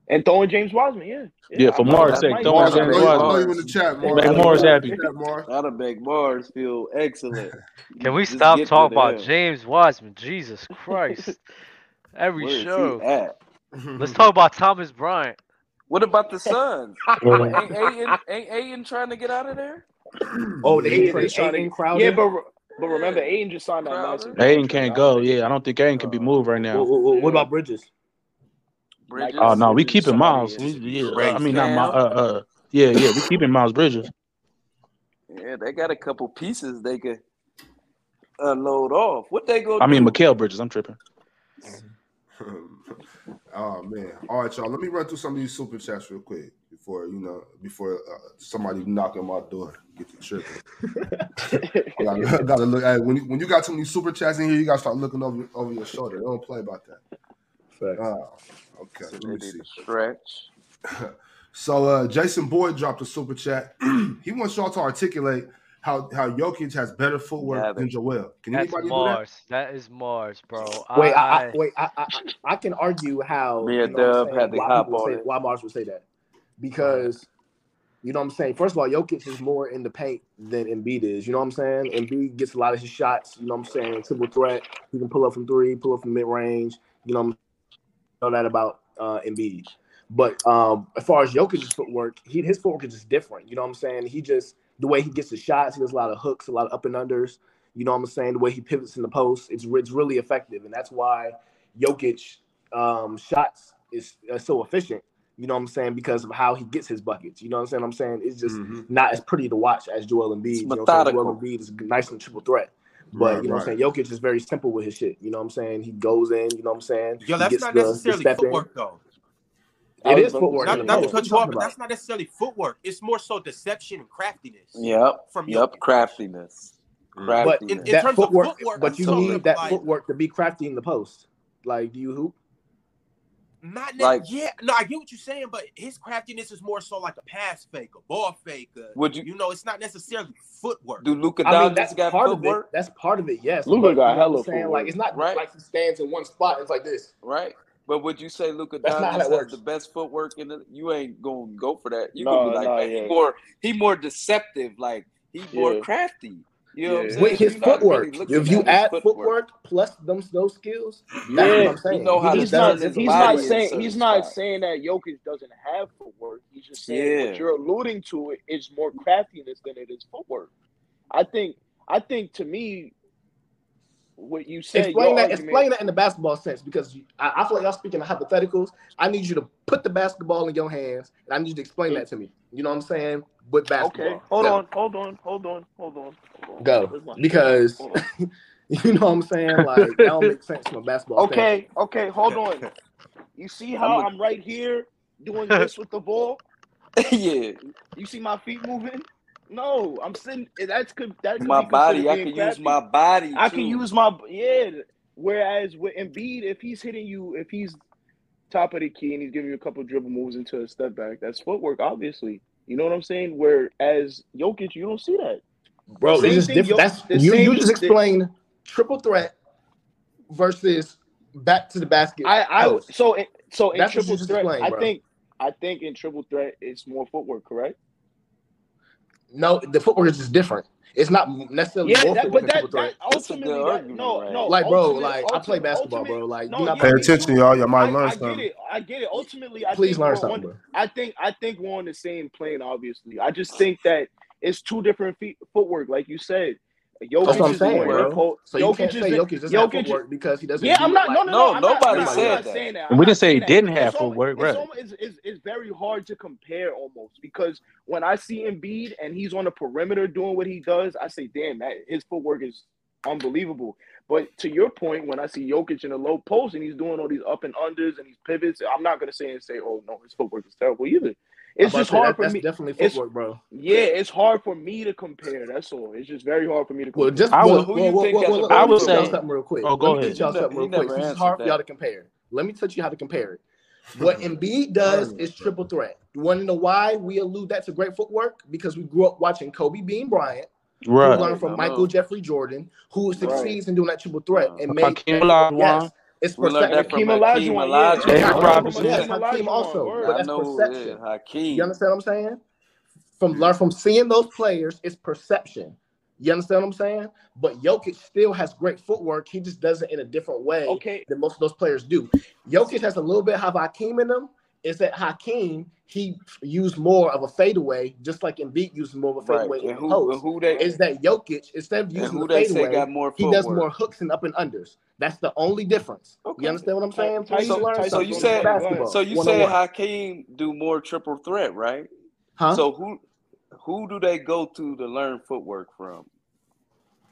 [SPEAKER 6] and throwing James Wiseman. Yeah,
[SPEAKER 4] Yeah, for
[SPEAKER 6] I-
[SPEAKER 4] Mars'
[SPEAKER 6] that
[SPEAKER 4] sake,
[SPEAKER 6] might-
[SPEAKER 4] throwing
[SPEAKER 5] Mars, I
[SPEAKER 4] James
[SPEAKER 5] know, you, I know
[SPEAKER 4] Wiseman.
[SPEAKER 5] you in the chat, Mars.
[SPEAKER 4] Make
[SPEAKER 5] I know
[SPEAKER 4] Mars
[SPEAKER 5] you in
[SPEAKER 4] happy.
[SPEAKER 5] the chat, Mars.
[SPEAKER 3] That'll make Mars feel excellent.
[SPEAKER 1] Can we
[SPEAKER 3] Just
[SPEAKER 1] stop
[SPEAKER 3] get
[SPEAKER 1] talking
[SPEAKER 3] rid of
[SPEAKER 1] about
[SPEAKER 3] him.
[SPEAKER 1] James Wiseman? Jesus Christ. Every
[SPEAKER 3] Where is he
[SPEAKER 1] show.
[SPEAKER 3] at?
[SPEAKER 1] Let's talk about Thomas Bryant.
[SPEAKER 3] What about the Suns?
[SPEAKER 4] Well,
[SPEAKER 3] ain't Aiden, ain't Aiden trying to get out of there?
[SPEAKER 7] Oh, they
[SPEAKER 6] Yeah,
[SPEAKER 7] yeah,
[SPEAKER 6] they trying to-
[SPEAKER 7] Aiden Crowder.
[SPEAKER 6] Yeah, but re- but remember, Aiden just signed that last
[SPEAKER 3] Crowder?
[SPEAKER 4] Aiden can't go. Yeah, I don't think Aiden can be moved right
[SPEAKER 7] Wha- wha- wha-
[SPEAKER 4] now.
[SPEAKER 7] what,
[SPEAKER 3] Yeah.
[SPEAKER 7] about Bridges?
[SPEAKER 3] Bridges?
[SPEAKER 4] Oh no, we
[SPEAKER 6] Bridges,
[SPEAKER 4] keeping
[SPEAKER 6] somebody
[SPEAKER 4] Miles.
[SPEAKER 6] is-
[SPEAKER 4] We- yeah,
[SPEAKER 2] Crazy.
[SPEAKER 4] I mean not Miles.
[SPEAKER 3] Cam?
[SPEAKER 4] Uh, uh, yeah, yeah, we keeping Miles Bridges.
[SPEAKER 3] Yeah, they got a couple pieces they could unload off. What they gonna
[SPEAKER 4] I mean
[SPEAKER 3] do?
[SPEAKER 4] Mikael Bridges. I'm tripping.
[SPEAKER 5] oh man! All right, y'all. Let me run through some of these super chats real quick before you know before uh, somebody knock on my door get the trip. I gotta, I gotta look. Hey, when you, when you got too many super chats in here, you gotta start looking over over your shoulder. They don't play about that.
[SPEAKER 7] Facts.
[SPEAKER 5] Oh, okay.
[SPEAKER 3] So
[SPEAKER 5] Let
[SPEAKER 3] they
[SPEAKER 5] me
[SPEAKER 3] need
[SPEAKER 5] see.
[SPEAKER 3] to stretch.
[SPEAKER 5] So uh, Jason Boyd dropped a super chat. he wants y'all to articulate how how Jokic has better footwork
[SPEAKER 3] Gather.
[SPEAKER 5] than Joel. Can
[SPEAKER 1] That's
[SPEAKER 5] anybody do that?
[SPEAKER 1] Mars. that is Mars, bro.
[SPEAKER 7] Wait,
[SPEAKER 1] I,
[SPEAKER 7] I, I wait, I, I, I I can argue how
[SPEAKER 3] Me
[SPEAKER 7] you
[SPEAKER 3] and
[SPEAKER 7] know what I'm
[SPEAKER 3] Dub
[SPEAKER 7] saying
[SPEAKER 3] had to
[SPEAKER 7] why
[SPEAKER 3] hop
[SPEAKER 7] people would
[SPEAKER 3] on
[SPEAKER 7] say
[SPEAKER 3] it.
[SPEAKER 7] why Mars would say that because you know what I'm saying. First of all, Jokic is more in the paint than Embiid is. You know what I'm saying. Embiid gets a lot of his shots. You know what I'm saying. Triple threat. He can pull up from three, pull up from mid range. You know, what I'm know that about uh, Embiid. But um, as far as Jokic's footwork, he, his footwork is just different. You know what I'm saying? He just the way he gets the shots, he does a lot of hooks, a lot of up and unders. You know what I'm saying? The way he pivots in the post, it's re- it's really effective, and that's why Jokic um, shots is uh, so efficient. You know what I'm saying? Because of how he gets his buckets. You know what I'm saying? I'm saying it's just
[SPEAKER 2] Mm-hmm.
[SPEAKER 5] Mhm.
[SPEAKER 7] not as pretty to watch as Joel Embiid.
[SPEAKER 3] It's
[SPEAKER 7] You know what I'm saying? Joel
[SPEAKER 3] methodical.
[SPEAKER 7] Embiid is nice and triple threat. But
[SPEAKER 5] Right,
[SPEAKER 7] you know what
[SPEAKER 5] right.
[SPEAKER 7] I'm saying? Jokic is very simple with his shit. You know what I'm saying? He goes in, you know what I'm saying?
[SPEAKER 2] Yo,
[SPEAKER 7] he
[SPEAKER 2] that's
[SPEAKER 7] gets
[SPEAKER 2] not
[SPEAKER 7] the, the
[SPEAKER 2] necessarily
[SPEAKER 7] step in.
[SPEAKER 2] footwork though.
[SPEAKER 3] I
[SPEAKER 7] It
[SPEAKER 3] was
[SPEAKER 7] is
[SPEAKER 3] about to
[SPEAKER 7] footwork in
[SPEAKER 2] Not,
[SPEAKER 7] the
[SPEAKER 3] say
[SPEAKER 2] not to
[SPEAKER 3] that.
[SPEAKER 7] post. What
[SPEAKER 2] cut
[SPEAKER 7] you
[SPEAKER 2] you off,
[SPEAKER 7] talking
[SPEAKER 2] but
[SPEAKER 7] about?
[SPEAKER 2] that's not necessarily footwork. It's more so deception and craftiness
[SPEAKER 3] Yep.
[SPEAKER 2] from
[SPEAKER 3] Yep.
[SPEAKER 2] Jokic.
[SPEAKER 3] Craftiness.
[SPEAKER 5] Mhm.
[SPEAKER 7] But
[SPEAKER 2] In, in
[SPEAKER 3] Craftiness.
[SPEAKER 7] that
[SPEAKER 2] terms of
[SPEAKER 7] footwork,
[SPEAKER 2] footwork,
[SPEAKER 7] but
[SPEAKER 2] I'm
[SPEAKER 7] you
[SPEAKER 2] talking
[SPEAKER 7] need
[SPEAKER 2] about
[SPEAKER 7] that
[SPEAKER 2] like
[SPEAKER 7] footwork to be crafty in the post. Like, do you hoop?
[SPEAKER 2] not ne-
[SPEAKER 3] Like,
[SPEAKER 2] yeah. No, I get what you're saying, but his craftiness is more so like a pass fake, a ball fake. uh,
[SPEAKER 3] would you
[SPEAKER 2] you know, it's not necessarily footwork.
[SPEAKER 3] do Luka
[SPEAKER 7] I mean, that's
[SPEAKER 3] Doncic got
[SPEAKER 7] part of it.
[SPEAKER 3] footwork?
[SPEAKER 7] That's part of it, yes.
[SPEAKER 3] Luka
[SPEAKER 7] But you
[SPEAKER 3] got
[SPEAKER 7] know what I'm
[SPEAKER 3] hella
[SPEAKER 7] saying? Like,
[SPEAKER 3] footwork,
[SPEAKER 7] it's not
[SPEAKER 3] right?
[SPEAKER 7] like he stands in one spot and it's like this.
[SPEAKER 3] Right. But would you say Luka
[SPEAKER 7] That's not how
[SPEAKER 3] Doncic
[SPEAKER 7] that
[SPEAKER 3] has the
[SPEAKER 7] works.
[SPEAKER 3] best footwork in the you ain't gonna go for that. you gonna
[SPEAKER 6] No,
[SPEAKER 3] be like,
[SPEAKER 6] no,
[SPEAKER 3] man, he
[SPEAKER 6] yeah,
[SPEAKER 3] more he more deceptive, like he more
[SPEAKER 6] yeah.
[SPEAKER 3] crafty. You know what I'm
[SPEAKER 6] Yeah.
[SPEAKER 3] saying?
[SPEAKER 7] With his
[SPEAKER 3] You're not really
[SPEAKER 7] footwork,
[SPEAKER 3] looking
[SPEAKER 7] if you
[SPEAKER 3] at his
[SPEAKER 7] add
[SPEAKER 3] footwork.
[SPEAKER 7] footwork plus them those skills, that's what
[SPEAKER 6] Yeah,
[SPEAKER 7] I'm
[SPEAKER 3] He know
[SPEAKER 7] saying. He
[SPEAKER 3] how to
[SPEAKER 7] just
[SPEAKER 6] he's
[SPEAKER 3] turn
[SPEAKER 7] does it
[SPEAKER 6] not.
[SPEAKER 3] his
[SPEAKER 7] different
[SPEAKER 6] He's
[SPEAKER 7] ways.
[SPEAKER 6] not
[SPEAKER 3] body in
[SPEAKER 6] saying.
[SPEAKER 3] certain
[SPEAKER 6] He's not
[SPEAKER 3] spots.
[SPEAKER 6] saying that Jokic doesn't have footwork. He's just saying
[SPEAKER 3] Yeah.
[SPEAKER 6] what you're alluding to is more craftiness than it is footwork. I think. I think to me, what you said,
[SPEAKER 7] Explain
[SPEAKER 6] your
[SPEAKER 7] that.
[SPEAKER 6] argument.
[SPEAKER 7] Explain that in the basketball sense, because you, I, I feel like y'all speaking in hypotheticals. I need you to put the basketball in your hands, and I need you to explain that to me. You know what I'm saying? With
[SPEAKER 6] Okay,
[SPEAKER 7] basketball,
[SPEAKER 6] hold
[SPEAKER 7] go,
[SPEAKER 6] on, hold on, hold on, hold on, hold on.
[SPEAKER 7] go,
[SPEAKER 6] Where's my shit at?
[SPEAKER 7] because
[SPEAKER 6] Hold on.
[SPEAKER 7] you know what I'm saying. Like that don't make sense from a basketball standpoint.
[SPEAKER 6] Okay, okay, hold on. You see
[SPEAKER 3] I'm
[SPEAKER 6] how
[SPEAKER 3] a,
[SPEAKER 6] I'm right here doing this with the ball?
[SPEAKER 3] yeah.
[SPEAKER 6] You see my feet moving? No, I'm sitting. That's could that could
[SPEAKER 3] My
[SPEAKER 6] be considered
[SPEAKER 3] body, I
[SPEAKER 6] being
[SPEAKER 3] can use
[SPEAKER 6] crafty.
[SPEAKER 3] my body
[SPEAKER 6] I can
[SPEAKER 3] too.
[SPEAKER 6] use my yeah. Whereas with Embiid, if he's hitting you, if he's top of the key and he's giving you a couple dribble moves into a step back, that's footwork, obviously. You know what I'm saying? Whereas Jokic, you don't see that. The
[SPEAKER 7] Bro, it's
[SPEAKER 6] same
[SPEAKER 7] just
[SPEAKER 6] thing.
[SPEAKER 7] different.
[SPEAKER 6] Yo,
[SPEAKER 7] That's
[SPEAKER 6] the
[SPEAKER 7] you. You
[SPEAKER 6] same.
[SPEAKER 7] just
[SPEAKER 6] The,
[SPEAKER 7] explained triple threat versus back to the basket
[SPEAKER 6] I I
[SPEAKER 7] post.
[SPEAKER 6] so in, so in
[SPEAKER 7] That's what you
[SPEAKER 6] triple
[SPEAKER 7] just
[SPEAKER 6] threat,
[SPEAKER 7] explained,
[SPEAKER 6] I
[SPEAKER 7] bro.
[SPEAKER 6] think I think in triple threat it's more footwork, correct?
[SPEAKER 7] No, the footwork is just different. It's not necessarily
[SPEAKER 6] Yeah,
[SPEAKER 7] more
[SPEAKER 6] that
[SPEAKER 7] footwork
[SPEAKER 6] but
[SPEAKER 7] in
[SPEAKER 6] that
[SPEAKER 7] triple threat.
[SPEAKER 6] that
[SPEAKER 3] That's a good
[SPEAKER 6] ultimately that
[SPEAKER 3] argument
[SPEAKER 6] no
[SPEAKER 3] right
[SPEAKER 6] no
[SPEAKER 3] here.
[SPEAKER 7] Like, bro,
[SPEAKER 6] ultimate
[SPEAKER 7] like I play
[SPEAKER 6] ultimate
[SPEAKER 7] basketball,
[SPEAKER 6] ultimate
[SPEAKER 7] bro. Like, do
[SPEAKER 6] no
[SPEAKER 7] not
[SPEAKER 5] Pay
[SPEAKER 6] yeah
[SPEAKER 7] play.
[SPEAKER 6] we
[SPEAKER 5] attention,
[SPEAKER 6] you
[SPEAKER 5] y'all. Y'all might
[SPEAKER 6] I
[SPEAKER 5] learn
[SPEAKER 6] I get
[SPEAKER 5] something.
[SPEAKER 6] it I get it ultimately I
[SPEAKER 7] Please
[SPEAKER 6] think
[SPEAKER 7] learn
[SPEAKER 6] we're
[SPEAKER 7] something,
[SPEAKER 6] on
[SPEAKER 7] bro.
[SPEAKER 6] I think I think we're on the same plane obviously I just think that it's two different feet, footwork like you said
[SPEAKER 7] That's
[SPEAKER 6] Jokic
[SPEAKER 7] what I'm
[SPEAKER 6] is more
[SPEAKER 7] saying, bro.
[SPEAKER 6] impulse
[SPEAKER 7] So you
[SPEAKER 6] Jokic
[SPEAKER 7] can't
[SPEAKER 6] is
[SPEAKER 7] say Jokic doesn't have
[SPEAKER 6] Jokic
[SPEAKER 7] footwork because he doesn't
[SPEAKER 6] yeah, I'm
[SPEAKER 7] do
[SPEAKER 6] not.
[SPEAKER 7] it like
[SPEAKER 6] No, no, no.
[SPEAKER 3] No,
[SPEAKER 6] I'm not.
[SPEAKER 3] nobody
[SPEAKER 6] No,
[SPEAKER 7] everybody
[SPEAKER 6] I'm
[SPEAKER 3] said
[SPEAKER 7] else.
[SPEAKER 6] not
[SPEAKER 3] that.
[SPEAKER 6] saying that.
[SPEAKER 4] And
[SPEAKER 6] I'm
[SPEAKER 4] we didn't
[SPEAKER 6] not
[SPEAKER 4] say he
[SPEAKER 6] saying that.
[SPEAKER 4] didn't have
[SPEAKER 6] It's almost.
[SPEAKER 4] footwork,
[SPEAKER 6] It's
[SPEAKER 4] right?
[SPEAKER 6] almost. It's, it's, it's very hard to compare almost because when I see Embiid and he's on the perimeter doing what he does, I say, damn, that his footwork is unbelievable. But to your point, when I see Jokic in the low post and he's doing all these up and unders and these pivots, I'm not gonna say and say, oh no, his footwork is terrible either.
[SPEAKER 7] I'm
[SPEAKER 6] It's
[SPEAKER 7] about to
[SPEAKER 6] just
[SPEAKER 7] say
[SPEAKER 6] hard
[SPEAKER 7] that
[SPEAKER 6] for
[SPEAKER 7] that's
[SPEAKER 6] me.
[SPEAKER 7] definitely
[SPEAKER 6] It's
[SPEAKER 7] footwork, bro.
[SPEAKER 6] yeah, it's hard for me to compare. That's all. It's just very hard for me to
[SPEAKER 7] Well,
[SPEAKER 6] compare.
[SPEAKER 7] just
[SPEAKER 4] I
[SPEAKER 7] well,
[SPEAKER 4] would.
[SPEAKER 3] So who
[SPEAKER 7] well,
[SPEAKER 3] you
[SPEAKER 7] well,
[SPEAKER 3] think
[SPEAKER 7] well,
[SPEAKER 3] got
[SPEAKER 7] well,
[SPEAKER 3] the
[SPEAKER 7] let
[SPEAKER 4] I
[SPEAKER 7] let
[SPEAKER 3] best
[SPEAKER 7] me
[SPEAKER 4] would
[SPEAKER 7] teach y'all
[SPEAKER 3] footwork?
[SPEAKER 4] say.
[SPEAKER 7] something real quick.
[SPEAKER 4] Oh,
[SPEAKER 7] Let
[SPEAKER 4] go
[SPEAKER 7] me
[SPEAKER 3] He,
[SPEAKER 4] ahead.
[SPEAKER 7] teach y'all
[SPEAKER 3] ne-
[SPEAKER 7] something
[SPEAKER 3] he
[SPEAKER 7] real quick
[SPEAKER 3] never
[SPEAKER 7] since it's
[SPEAKER 3] answered
[SPEAKER 7] hard for y'all
[SPEAKER 3] that. Mm-hmm.
[SPEAKER 7] to compare. Let me teach you how to compare it. What Embiid does
[SPEAKER 5] Learn
[SPEAKER 7] is
[SPEAKER 4] Mm-hmm.
[SPEAKER 7] triple threat. You want to know why we allude that to great footwork? Because we grew up watching Kobe Bean Bryant, who
[SPEAKER 4] Right.
[SPEAKER 7] learned
[SPEAKER 3] Right.
[SPEAKER 7] from
[SPEAKER 3] I
[SPEAKER 7] Michael
[SPEAKER 3] know.
[SPEAKER 7] Jeffrey Jordan, who
[SPEAKER 6] Right.
[SPEAKER 7] succeeds in doing that triple threat
[SPEAKER 3] Right.
[SPEAKER 7] and made
[SPEAKER 4] Hakeem Olajuwon.
[SPEAKER 7] yes, It's
[SPEAKER 3] We learned that from
[SPEAKER 7] perception.
[SPEAKER 3] Hakeem Hakeem Olajuwon. Olajuwon.
[SPEAKER 7] Yeah,
[SPEAKER 3] David Robinson.
[SPEAKER 7] Yes,
[SPEAKER 3] Yeah.
[SPEAKER 7] Hakeem also.
[SPEAKER 6] Word.
[SPEAKER 7] But
[SPEAKER 3] I
[SPEAKER 7] that's
[SPEAKER 3] know
[SPEAKER 7] perception.
[SPEAKER 3] yeah, Hakeem.
[SPEAKER 7] You understand what I'm saying? From learn from seeing those players, it's perception. You understand what I'm saying? But Jokic still has great footwork. He just does it in a different way
[SPEAKER 6] Okay.
[SPEAKER 7] than most of those players do. Jokic has a little bit of Hakeem in him. Is that Hakeem? He used more of a fadeaway, just like Embiid used more of a
[SPEAKER 3] Right.
[SPEAKER 7] fadeaway in
[SPEAKER 3] And
[SPEAKER 7] the
[SPEAKER 3] who, and
[SPEAKER 7] post.
[SPEAKER 3] who they
[SPEAKER 7] Is that Jokic instead of
[SPEAKER 3] and
[SPEAKER 7] using
[SPEAKER 3] who
[SPEAKER 7] the
[SPEAKER 3] they say
[SPEAKER 7] fadeaway,
[SPEAKER 3] got more
[SPEAKER 7] he
[SPEAKER 3] footwork?
[SPEAKER 7] does more hooks and up and unders. That's the only difference.
[SPEAKER 3] Okay.
[SPEAKER 7] You understand what I'm saying?
[SPEAKER 6] Tyson-
[SPEAKER 7] Please learn
[SPEAKER 3] So
[SPEAKER 6] Tyson-
[SPEAKER 7] something
[SPEAKER 3] you
[SPEAKER 7] from
[SPEAKER 3] said-
[SPEAKER 7] basketball.
[SPEAKER 3] So you
[SPEAKER 7] one-on-one.
[SPEAKER 3] said Hakeem do more triple threat, right?
[SPEAKER 7] huh?
[SPEAKER 3] So who who do they go to to learn footwork from?